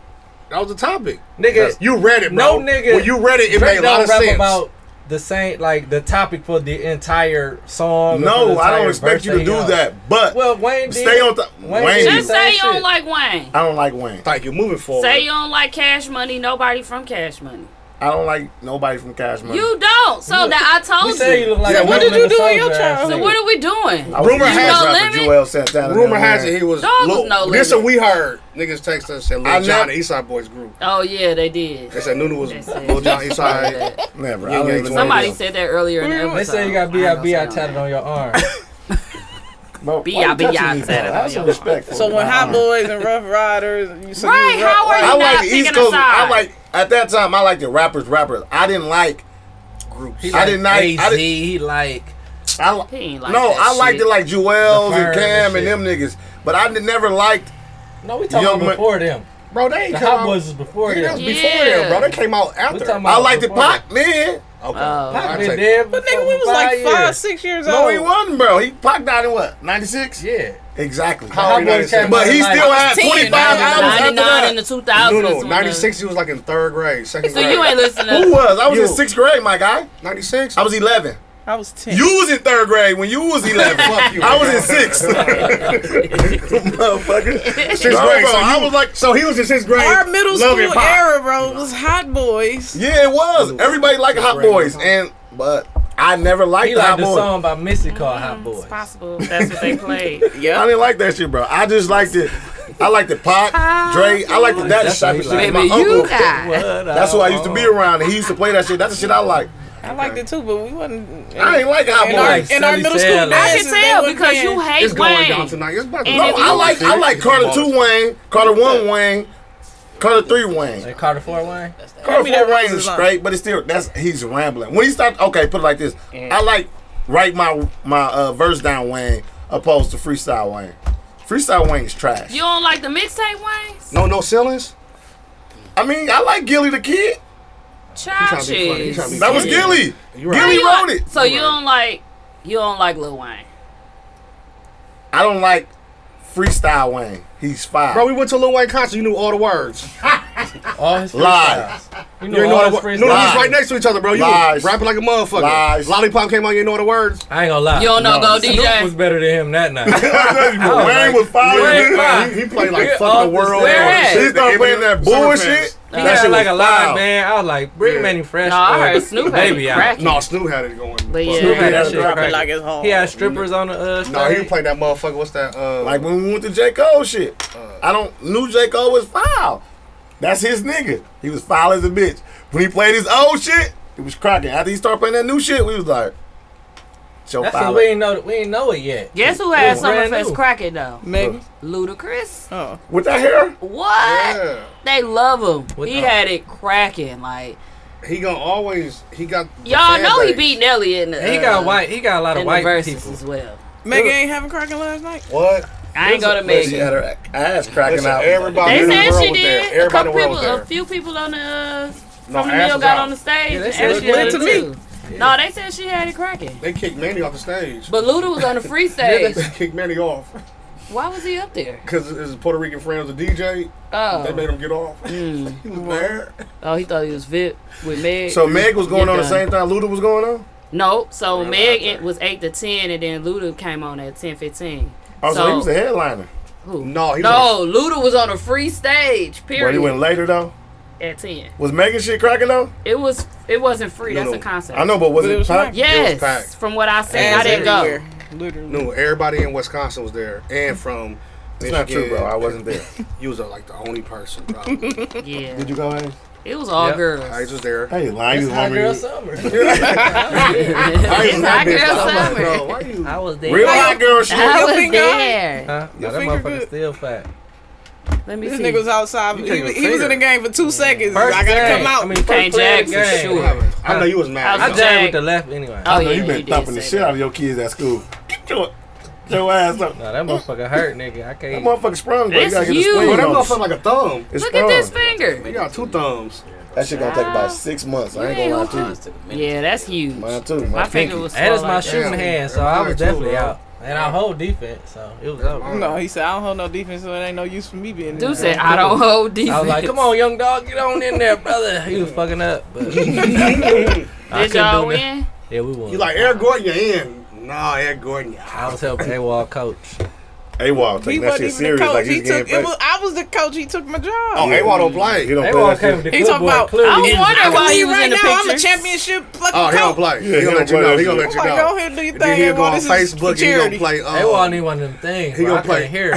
[SPEAKER 7] That was the topic.
[SPEAKER 8] Nigga,
[SPEAKER 7] you read it,
[SPEAKER 8] No
[SPEAKER 7] bro.
[SPEAKER 8] nigga.
[SPEAKER 7] When you read it, it
[SPEAKER 8] Drake
[SPEAKER 7] made a lot
[SPEAKER 8] don't
[SPEAKER 7] of
[SPEAKER 8] rap
[SPEAKER 7] sense.
[SPEAKER 8] about the same, like the topic for the entire song. or for
[SPEAKER 4] No,
[SPEAKER 8] the
[SPEAKER 4] I don't
[SPEAKER 8] entire
[SPEAKER 4] expect you
[SPEAKER 8] verse
[SPEAKER 4] to do
[SPEAKER 8] and all.
[SPEAKER 4] that. But
[SPEAKER 8] Well, Wayne did.
[SPEAKER 4] stay on top. Wayne.
[SPEAKER 8] Wayne did
[SPEAKER 6] Just
[SPEAKER 8] the same
[SPEAKER 6] say you don't
[SPEAKER 8] shit.
[SPEAKER 6] like Wayne.
[SPEAKER 4] I don't like Wayne.
[SPEAKER 7] Thank you. Moving forward.
[SPEAKER 6] Say you don't like Cash Money. Nobody from Cash Money.
[SPEAKER 4] I don't like nobody from Cash Money.
[SPEAKER 6] You don't. So
[SPEAKER 8] You-
[SPEAKER 6] that I told
[SPEAKER 8] We say you
[SPEAKER 6] you.
[SPEAKER 8] look like.
[SPEAKER 7] Yeah,
[SPEAKER 8] a
[SPEAKER 7] what did
[SPEAKER 8] woman
[SPEAKER 7] you
[SPEAKER 8] in a
[SPEAKER 7] do in
[SPEAKER 8] song
[SPEAKER 7] your
[SPEAKER 8] dress.
[SPEAKER 7] childhood?
[SPEAKER 6] So what are we doing?
[SPEAKER 4] I was
[SPEAKER 7] Rumor
[SPEAKER 4] a
[SPEAKER 7] has
[SPEAKER 4] rapper,
[SPEAKER 6] it.
[SPEAKER 4] Joel Santana.
[SPEAKER 7] Rumor
[SPEAKER 4] down
[SPEAKER 7] has
[SPEAKER 4] there.
[SPEAKER 7] it he was.
[SPEAKER 6] Dog was no
[SPEAKER 7] this
[SPEAKER 6] limit.
[SPEAKER 7] what we heard. Niggas text us and said
[SPEAKER 4] I
[SPEAKER 7] Lil John
[SPEAKER 4] never-
[SPEAKER 7] the Eastside Boys group.
[SPEAKER 6] Oh yeah, they did.
[SPEAKER 7] They said Nunu was
[SPEAKER 6] They said-
[SPEAKER 7] Lil John Eastside.
[SPEAKER 6] Yeah.
[SPEAKER 4] Never.
[SPEAKER 7] Yeah,
[SPEAKER 4] I don't
[SPEAKER 7] yeah,
[SPEAKER 4] even know
[SPEAKER 6] [laughs] Somebody
[SPEAKER 4] them.
[SPEAKER 6] said that earlier in the episode.
[SPEAKER 8] They say you got
[SPEAKER 6] I ain't gonna say
[SPEAKER 8] B.I.B.I.
[SPEAKER 6] no
[SPEAKER 8] tatted
[SPEAKER 6] name.
[SPEAKER 8] on your arm.
[SPEAKER 4] Bro,
[SPEAKER 6] B.I.B.
[SPEAKER 4] why you touching
[SPEAKER 6] y'all
[SPEAKER 4] me, bro?
[SPEAKER 6] said it.
[SPEAKER 4] Have some respect for
[SPEAKER 9] So
[SPEAKER 4] me,
[SPEAKER 9] when
[SPEAKER 4] bro.
[SPEAKER 9] Hot Boys and Rough Riders, you so you
[SPEAKER 6] Right,
[SPEAKER 9] rap-
[SPEAKER 6] how are
[SPEAKER 9] like-
[SPEAKER 6] you-
[SPEAKER 4] I
[SPEAKER 6] You're
[SPEAKER 4] like
[SPEAKER 6] not
[SPEAKER 4] the
[SPEAKER 6] picking
[SPEAKER 4] East
[SPEAKER 6] a
[SPEAKER 4] Coast. I
[SPEAKER 6] side.
[SPEAKER 4] like at that time. I like the rappers, rappers. I didn't like.
[SPEAKER 8] He
[SPEAKER 4] I did not- I
[SPEAKER 8] AZ,
[SPEAKER 4] did-
[SPEAKER 8] he like.
[SPEAKER 4] I li-
[SPEAKER 6] He ain't like
[SPEAKER 4] no,
[SPEAKER 6] that
[SPEAKER 4] I liked
[SPEAKER 6] shit.
[SPEAKER 4] it like Jewels
[SPEAKER 8] The Firm
[SPEAKER 4] and
[SPEAKER 8] and
[SPEAKER 4] Cam and them niggas, but I did- never liked.
[SPEAKER 8] No, we talking
[SPEAKER 4] Young Ma-
[SPEAKER 8] before them.
[SPEAKER 7] Bro, they ain't
[SPEAKER 8] The
[SPEAKER 7] come
[SPEAKER 8] Hot
[SPEAKER 7] out.
[SPEAKER 8] Boys is before
[SPEAKER 7] Yeah, that was
[SPEAKER 8] them.
[SPEAKER 6] Yeah.
[SPEAKER 7] before them, bro. They came out
[SPEAKER 8] We
[SPEAKER 7] after.
[SPEAKER 8] talking
[SPEAKER 4] I
[SPEAKER 8] about
[SPEAKER 4] liked the
[SPEAKER 8] before
[SPEAKER 4] Pac man.
[SPEAKER 7] Okay.
[SPEAKER 6] Oh.
[SPEAKER 8] Pac
[SPEAKER 7] I
[SPEAKER 8] been
[SPEAKER 7] take-
[SPEAKER 8] dead
[SPEAKER 9] But nigga, we was like five, six years
[SPEAKER 4] No,
[SPEAKER 9] old.
[SPEAKER 4] he wasn't, bro. He Pac died in what ninety six?
[SPEAKER 8] Yeah.
[SPEAKER 4] exactly.
[SPEAKER 7] How old
[SPEAKER 8] Boys came
[SPEAKER 4] but
[SPEAKER 8] out
[SPEAKER 4] he
[SPEAKER 8] like-
[SPEAKER 4] still had
[SPEAKER 9] 10,
[SPEAKER 4] twenty five albums after
[SPEAKER 6] 99 in
[SPEAKER 4] that.
[SPEAKER 6] the 2000s.
[SPEAKER 7] Nuno,
[SPEAKER 6] when the-
[SPEAKER 7] 96, he was like in third grade, second
[SPEAKER 6] So
[SPEAKER 7] grade.
[SPEAKER 6] you ain't listening.
[SPEAKER 4] Who was? I was in
[SPEAKER 7] You.
[SPEAKER 4] sixth grade, my guy.
[SPEAKER 7] 96?
[SPEAKER 4] I was eleven.
[SPEAKER 9] I was ten.
[SPEAKER 4] You was in third grade when you was
[SPEAKER 7] [laughs]
[SPEAKER 4] eleven.
[SPEAKER 7] Fuck you.
[SPEAKER 4] I was
[SPEAKER 7] [laughs]
[SPEAKER 4] in sixth. Motherfucker.
[SPEAKER 7] Sixth grade. So I was like, so he was in sixth grade.
[SPEAKER 9] Our middle
[SPEAKER 7] loving
[SPEAKER 9] school
[SPEAKER 7] pop.
[SPEAKER 9] era, bro, was Hot Boys.
[SPEAKER 4] Yeah, it was. Everybody liked Hot
[SPEAKER 7] Right.
[SPEAKER 4] Boys, and but I never liked
[SPEAKER 8] He
[SPEAKER 4] the Hot
[SPEAKER 8] liked the
[SPEAKER 4] Boys.
[SPEAKER 8] song by Missy called Hot Boys.
[SPEAKER 6] It's possible. That's what they [laughs] played.
[SPEAKER 4] I didn't like that shit, bro. I just liked it. I liked the Pac, Dre. I liked the that
[SPEAKER 8] That's
[SPEAKER 4] type
[SPEAKER 8] what
[SPEAKER 4] of
[SPEAKER 8] he
[SPEAKER 4] shit.
[SPEAKER 8] liked. Oh.
[SPEAKER 4] My
[SPEAKER 6] Baby, you
[SPEAKER 4] uncle.
[SPEAKER 6] got.
[SPEAKER 4] That's who I used to be around, and he used to play that shit. That's the shit I like.
[SPEAKER 9] I liked it too, but we wasn't.
[SPEAKER 4] I ain't like Hot
[SPEAKER 9] in our,
[SPEAKER 4] Boys.
[SPEAKER 8] Like
[SPEAKER 9] in our
[SPEAKER 8] Sonny
[SPEAKER 9] middle
[SPEAKER 8] said,
[SPEAKER 9] school
[SPEAKER 8] like- I
[SPEAKER 6] I
[SPEAKER 9] dances,
[SPEAKER 6] can
[SPEAKER 9] they
[SPEAKER 6] tell
[SPEAKER 9] wasn't
[SPEAKER 6] because
[SPEAKER 9] playing-
[SPEAKER 6] you hate
[SPEAKER 7] It's going down
[SPEAKER 6] Wayne.
[SPEAKER 7] tonight. It's about to
[SPEAKER 6] And
[SPEAKER 4] No,
[SPEAKER 6] if
[SPEAKER 4] I
[SPEAKER 6] you-
[SPEAKER 4] like I like Carter Two Wayne, Carter One Wayne, Carter Three Wayne.
[SPEAKER 8] Like Carter Four Wayne.
[SPEAKER 4] Carter
[SPEAKER 9] me that
[SPEAKER 4] Four Wayne
[SPEAKER 9] Roses
[SPEAKER 4] is
[SPEAKER 9] line.
[SPEAKER 4] straight, but it's still that's he's rambling. When he start, okay, put it like this: I like write my my uh, verse down Wayne opposed to freestyle Wayne. Freestyle Wayne is trash.
[SPEAKER 6] You don't like the mixtape, Wayne?
[SPEAKER 7] No, no ceilings.
[SPEAKER 4] I mean, I like Gilly the Kid.
[SPEAKER 6] Child
[SPEAKER 7] trying to be funny. He
[SPEAKER 6] shit.
[SPEAKER 7] trying to be
[SPEAKER 4] That was
[SPEAKER 7] Yeah.
[SPEAKER 4] Gilly.
[SPEAKER 7] You right.
[SPEAKER 4] Gilly
[SPEAKER 6] You
[SPEAKER 4] wrote
[SPEAKER 6] don't-
[SPEAKER 4] it.
[SPEAKER 6] So you don't like you don't like Lil Wayne.
[SPEAKER 4] I don't like freestyle Wayne. He's fine.
[SPEAKER 7] Bro, we
[SPEAKER 4] [laughs]
[SPEAKER 7] went to a Lil Wayne concert. You knew all the words.
[SPEAKER 8] All his
[SPEAKER 4] Lies.
[SPEAKER 8] freestyles.
[SPEAKER 7] You
[SPEAKER 8] You know,
[SPEAKER 7] didn't know
[SPEAKER 8] all
[SPEAKER 7] all
[SPEAKER 8] his
[SPEAKER 7] the words. No, we
[SPEAKER 4] Lies.
[SPEAKER 7] was
[SPEAKER 8] freestyles.
[SPEAKER 7] right next to each other, bro. You
[SPEAKER 4] Lies.
[SPEAKER 7] was rapping like a motherfucker.
[SPEAKER 4] Lies.
[SPEAKER 7] Lollipop came out. You didn't know all the words.
[SPEAKER 8] I ain't gonna lie.
[SPEAKER 6] You don't know
[SPEAKER 4] No.
[SPEAKER 6] go
[SPEAKER 8] Snoop was
[SPEAKER 6] DJ.
[SPEAKER 8] better than him that night.
[SPEAKER 4] Wayne was fine.
[SPEAKER 8] Wayne
[SPEAKER 4] He-
[SPEAKER 8] fine.
[SPEAKER 7] He, he played like
[SPEAKER 8] Yeah,
[SPEAKER 7] fuck
[SPEAKER 8] off
[SPEAKER 7] the
[SPEAKER 8] the
[SPEAKER 7] world.
[SPEAKER 6] stage. Where at?
[SPEAKER 4] He started playing that bullshit.
[SPEAKER 8] He
[SPEAKER 4] that
[SPEAKER 8] had
[SPEAKER 4] shit
[SPEAKER 8] like a
[SPEAKER 4] was
[SPEAKER 8] live
[SPEAKER 4] foul.
[SPEAKER 8] man. I was like, bring Manny Fresh.
[SPEAKER 6] No, I
[SPEAKER 8] or
[SPEAKER 6] heard Snoop had
[SPEAKER 8] Baby
[SPEAKER 6] it
[SPEAKER 8] out.
[SPEAKER 6] cracking.
[SPEAKER 7] No, Snoop had it going.
[SPEAKER 6] But
[SPEAKER 7] Fuck.
[SPEAKER 6] yeah.
[SPEAKER 8] Snoop had that
[SPEAKER 4] Yeah,
[SPEAKER 8] shit
[SPEAKER 4] dropping
[SPEAKER 8] cracking.
[SPEAKER 9] like it's home.
[SPEAKER 8] He had strippers on the uh,
[SPEAKER 7] No, he
[SPEAKER 8] stage.
[SPEAKER 7] played that motherfucker. What's that? Uh,
[SPEAKER 4] Like when we went to J. Cole shit. I don't knew J. Cole was foul. That's his nigga. He was foul as a bitch. When he played his old shit, it was cracking. After he started playing that new shit, we was like, so
[SPEAKER 8] That's
[SPEAKER 4] foul.
[SPEAKER 8] what we ain't know. We ain't know it yet.
[SPEAKER 6] Guess who had
[SPEAKER 8] was brand
[SPEAKER 6] Summerfest
[SPEAKER 8] new.
[SPEAKER 6] cracking though?
[SPEAKER 9] Megan.
[SPEAKER 6] Ludacris.
[SPEAKER 9] Oh,
[SPEAKER 4] With that hair?
[SPEAKER 6] What?
[SPEAKER 7] yeah.
[SPEAKER 6] They love him.
[SPEAKER 8] What
[SPEAKER 6] he
[SPEAKER 8] the-
[SPEAKER 6] had it cracking. Like
[SPEAKER 7] He gonna always. He got. the
[SPEAKER 6] y'all
[SPEAKER 7] fan
[SPEAKER 6] know he
[SPEAKER 7] base.
[SPEAKER 6] beat Nelly in the.
[SPEAKER 8] He
[SPEAKER 6] uh,
[SPEAKER 8] got white. He got a lot
[SPEAKER 6] in
[SPEAKER 8] of
[SPEAKER 6] the
[SPEAKER 8] white
[SPEAKER 6] verses
[SPEAKER 8] people.
[SPEAKER 6] as well.
[SPEAKER 9] Megan ain't having cracking last night.
[SPEAKER 7] What?
[SPEAKER 6] I ain't go to
[SPEAKER 4] She
[SPEAKER 6] Megan.
[SPEAKER 4] had her ass cracking
[SPEAKER 7] Listen,
[SPEAKER 4] out.
[SPEAKER 7] everybody
[SPEAKER 6] They
[SPEAKER 7] in the
[SPEAKER 6] said
[SPEAKER 7] world
[SPEAKER 6] she
[SPEAKER 7] was there.
[SPEAKER 6] did. A
[SPEAKER 7] Everybody
[SPEAKER 6] couple
[SPEAKER 7] in the
[SPEAKER 6] people,
[SPEAKER 7] world was
[SPEAKER 6] a
[SPEAKER 7] there. Oh,
[SPEAKER 6] few people on the uh,
[SPEAKER 7] No,
[SPEAKER 6] from the
[SPEAKER 7] Ash
[SPEAKER 6] mill
[SPEAKER 7] was
[SPEAKER 6] got
[SPEAKER 7] out.
[SPEAKER 6] on the stage.
[SPEAKER 8] Yeah, they
[SPEAKER 6] and
[SPEAKER 8] said
[SPEAKER 6] Ashley
[SPEAKER 8] it was
[SPEAKER 6] had
[SPEAKER 9] lit
[SPEAKER 6] it
[SPEAKER 9] to
[SPEAKER 6] too. No, they said she had it cracking.
[SPEAKER 7] They kicked Manny off the stage.
[SPEAKER 6] But Luda was on the [laughs] free stage.
[SPEAKER 7] They [laughs] kicked Manny off
[SPEAKER 6] Why was he up there?
[SPEAKER 7] because his Puerto Rican friend was a DJ. They
[SPEAKER 8] [laughs]
[SPEAKER 6] Oh, hmm.
[SPEAKER 7] made him get off. he was mad.
[SPEAKER 6] oh, he thought he was Vip with Meg.
[SPEAKER 4] So Meg was going
[SPEAKER 6] Yeah,
[SPEAKER 4] on the
[SPEAKER 6] done.
[SPEAKER 4] same time Luda was going on?
[SPEAKER 6] Nope. So
[SPEAKER 7] Right
[SPEAKER 6] Meg
[SPEAKER 7] after.
[SPEAKER 6] it was eight to ten, and then Luda came on at ten fifteen.
[SPEAKER 4] Oh, so, he
[SPEAKER 6] so
[SPEAKER 4] was the headliner.
[SPEAKER 6] who?
[SPEAKER 7] No, he
[SPEAKER 6] no, Luda was on a free stage.
[SPEAKER 4] But he
[SPEAKER 6] Period.
[SPEAKER 4] went later though.
[SPEAKER 6] at ten.
[SPEAKER 4] Was Megan shit cracking though?
[SPEAKER 6] It was. It wasn't free.
[SPEAKER 7] No,
[SPEAKER 6] That's
[SPEAKER 7] no.
[SPEAKER 6] a concert.
[SPEAKER 4] I know, but was
[SPEAKER 9] But it
[SPEAKER 7] [laughs]
[SPEAKER 4] it,
[SPEAKER 9] was
[SPEAKER 4] Pac?
[SPEAKER 9] Megan.
[SPEAKER 6] Yes,
[SPEAKER 7] packed.
[SPEAKER 6] from what I seen, I
[SPEAKER 9] Ass
[SPEAKER 6] didn't go.
[SPEAKER 9] everywhere, Literally.
[SPEAKER 7] No, everybody in Wisconsin was there, and from.
[SPEAKER 4] It's not true,
[SPEAKER 7] Michigan. [laughs]
[SPEAKER 4] bro. I wasn't there.
[SPEAKER 7] You was uh, like the only person. Probably.
[SPEAKER 6] Yeah.
[SPEAKER 4] you go in?
[SPEAKER 6] It was all
[SPEAKER 7] Yep.
[SPEAKER 6] girls.
[SPEAKER 7] Ice was
[SPEAKER 4] [laughs]
[SPEAKER 7] there.
[SPEAKER 4] Hey, lying
[SPEAKER 8] It's
[SPEAKER 4] is
[SPEAKER 8] hot
[SPEAKER 4] woman.
[SPEAKER 8] girl
[SPEAKER 4] Real
[SPEAKER 8] summer.
[SPEAKER 6] it's hot girl summer.
[SPEAKER 7] why you?
[SPEAKER 8] I was there.
[SPEAKER 4] hot girl shit.
[SPEAKER 6] I
[SPEAKER 9] Your
[SPEAKER 6] was
[SPEAKER 9] finger
[SPEAKER 6] there.
[SPEAKER 8] Huh? No,
[SPEAKER 9] Your
[SPEAKER 8] that
[SPEAKER 9] finger
[SPEAKER 8] motherfucker
[SPEAKER 9] good.
[SPEAKER 8] still fat.
[SPEAKER 6] Let me
[SPEAKER 9] This
[SPEAKER 6] see.
[SPEAKER 9] nigga was outside.
[SPEAKER 7] You
[SPEAKER 9] He,
[SPEAKER 7] can't
[SPEAKER 9] was-
[SPEAKER 7] even
[SPEAKER 9] he was in the game for two seconds. I gotta
[SPEAKER 8] game.
[SPEAKER 9] come out.
[SPEAKER 8] I mean,
[SPEAKER 6] You
[SPEAKER 8] first
[SPEAKER 6] can't
[SPEAKER 8] playoff
[SPEAKER 6] jag for
[SPEAKER 8] game.
[SPEAKER 6] sure.
[SPEAKER 7] I know you was mad.
[SPEAKER 8] I
[SPEAKER 6] I
[SPEAKER 7] though.
[SPEAKER 8] jagged
[SPEAKER 6] jag-
[SPEAKER 8] with the left anyway.
[SPEAKER 6] Oh
[SPEAKER 4] No,
[SPEAKER 6] yeah,
[SPEAKER 4] you been
[SPEAKER 6] did
[SPEAKER 4] thumping the
[SPEAKER 6] say
[SPEAKER 4] shit
[SPEAKER 6] that.
[SPEAKER 4] out of your kids at school. Get your, your ass up.
[SPEAKER 8] No, that motherfucker hurt, nigga. I
[SPEAKER 4] That
[SPEAKER 8] can't.
[SPEAKER 4] motherfucker sprung, bro.
[SPEAKER 6] It's
[SPEAKER 4] you gotta get
[SPEAKER 6] huge.
[SPEAKER 4] the
[SPEAKER 7] Bro,
[SPEAKER 4] spring
[SPEAKER 7] that
[SPEAKER 4] off.
[SPEAKER 7] motherfucker like a thumb.
[SPEAKER 4] It's
[SPEAKER 6] Look at this
[SPEAKER 4] sprung.
[SPEAKER 6] finger.
[SPEAKER 7] You got two thumbs.
[SPEAKER 4] That shit gonna take about six months. I ain't gonna lie to you.
[SPEAKER 10] Mine took a minute.
[SPEAKER 6] Yeah, that's huge.
[SPEAKER 4] Mine too.
[SPEAKER 6] My
[SPEAKER 4] Mine
[SPEAKER 6] finger
[SPEAKER 4] pinky.
[SPEAKER 6] was
[SPEAKER 8] That
[SPEAKER 6] swollen.
[SPEAKER 8] is my
[SPEAKER 6] like that.
[SPEAKER 8] shooting hand, so I was definitely out. And I hold defense, so it was over.
[SPEAKER 9] No, he said I don't hold no defense, so it ain't no use for me being. in
[SPEAKER 6] Dude
[SPEAKER 9] there."
[SPEAKER 6] said I don't hold defense.
[SPEAKER 8] I was like, "Come on, young dog, get on in there, brother." He was fucking up, but I
[SPEAKER 6] Did
[SPEAKER 8] couldn't
[SPEAKER 6] y'all
[SPEAKER 8] do nothing.
[SPEAKER 6] win?
[SPEAKER 8] Yeah, we won.
[SPEAKER 7] You like Eric Gordon? You're in. Nah, Eric Gordon. You're
[SPEAKER 8] I
[SPEAKER 7] out.
[SPEAKER 8] was helping AWOL coach.
[SPEAKER 4] AWOL
[SPEAKER 9] He
[SPEAKER 4] taking that shit
[SPEAKER 9] wasn't even the
[SPEAKER 4] serious
[SPEAKER 9] coach.
[SPEAKER 4] like
[SPEAKER 9] he
[SPEAKER 4] he's getting
[SPEAKER 9] took. It
[SPEAKER 4] paid.
[SPEAKER 9] was, I was the coach. He took my job.
[SPEAKER 7] Oh,
[SPEAKER 4] Yeah.
[SPEAKER 7] AWOL don't play.
[SPEAKER 4] He don't
[SPEAKER 8] AWOL
[SPEAKER 4] play
[SPEAKER 8] came with
[SPEAKER 4] that shit.
[SPEAKER 8] the
[SPEAKER 9] He talking
[SPEAKER 8] clipboard
[SPEAKER 9] about-
[SPEAKER 6] I
[SPEAKER 8] clearly.
[SPEAKER 6] wonder
[SPEAKER 9] I
[SPEAKER 6] why he
[SPEAKER 9] believe
[SPEAKER 6] was
[SPEAKER 9] right
[SPEAKER 6] in the
[SPEAKER 9] now I'm a
[SPEAKER 6] picture.
[SPEAKER 9] championship fucking
[SPEAKER 7] Oh, he don't
[SPEAKER 9] coach.
[SPEAKER 7] play.
[SPEAKER 4] Yeah,
[SPEAKER 7] he gonna
[SPEAKER 4] he
[SPEAKER 7] let you
[SPEAKER 4] don't
[SPEAKER 7] know.
[SPEAKER 4] play
[SPEAKER 7] He gonna
[SPEAKER 4] that
[SPEAKER 7] let
[SPEAKER 9] I'm
[SPEAKER 7] you
[SPEAKER 9] like,
[SPEAKER 7] know.
[SPEAKER 9] go ahead and do your
[SPEAKER 7] And
[SPEAKER 9] thing.
[SPEAKER 7] then he'll go
[SPEAKER 9] everyone.
[SPEAKER 7] on
[SPEAKER 9] This is
[SPEAKER 7] Facebook and
[SPEAKER 9] for
[SPEAKER 7] he gonna
[SPEAKER 9] charity.
[SPEAKER 7] play. uh,
[SPEAKER 8] AWOL need one of them things.
[SPEAKER 7] He
[SPEAKER 8] He gonna
[SPEAKER 7] gonna play.
[SPEAKER 8] play here.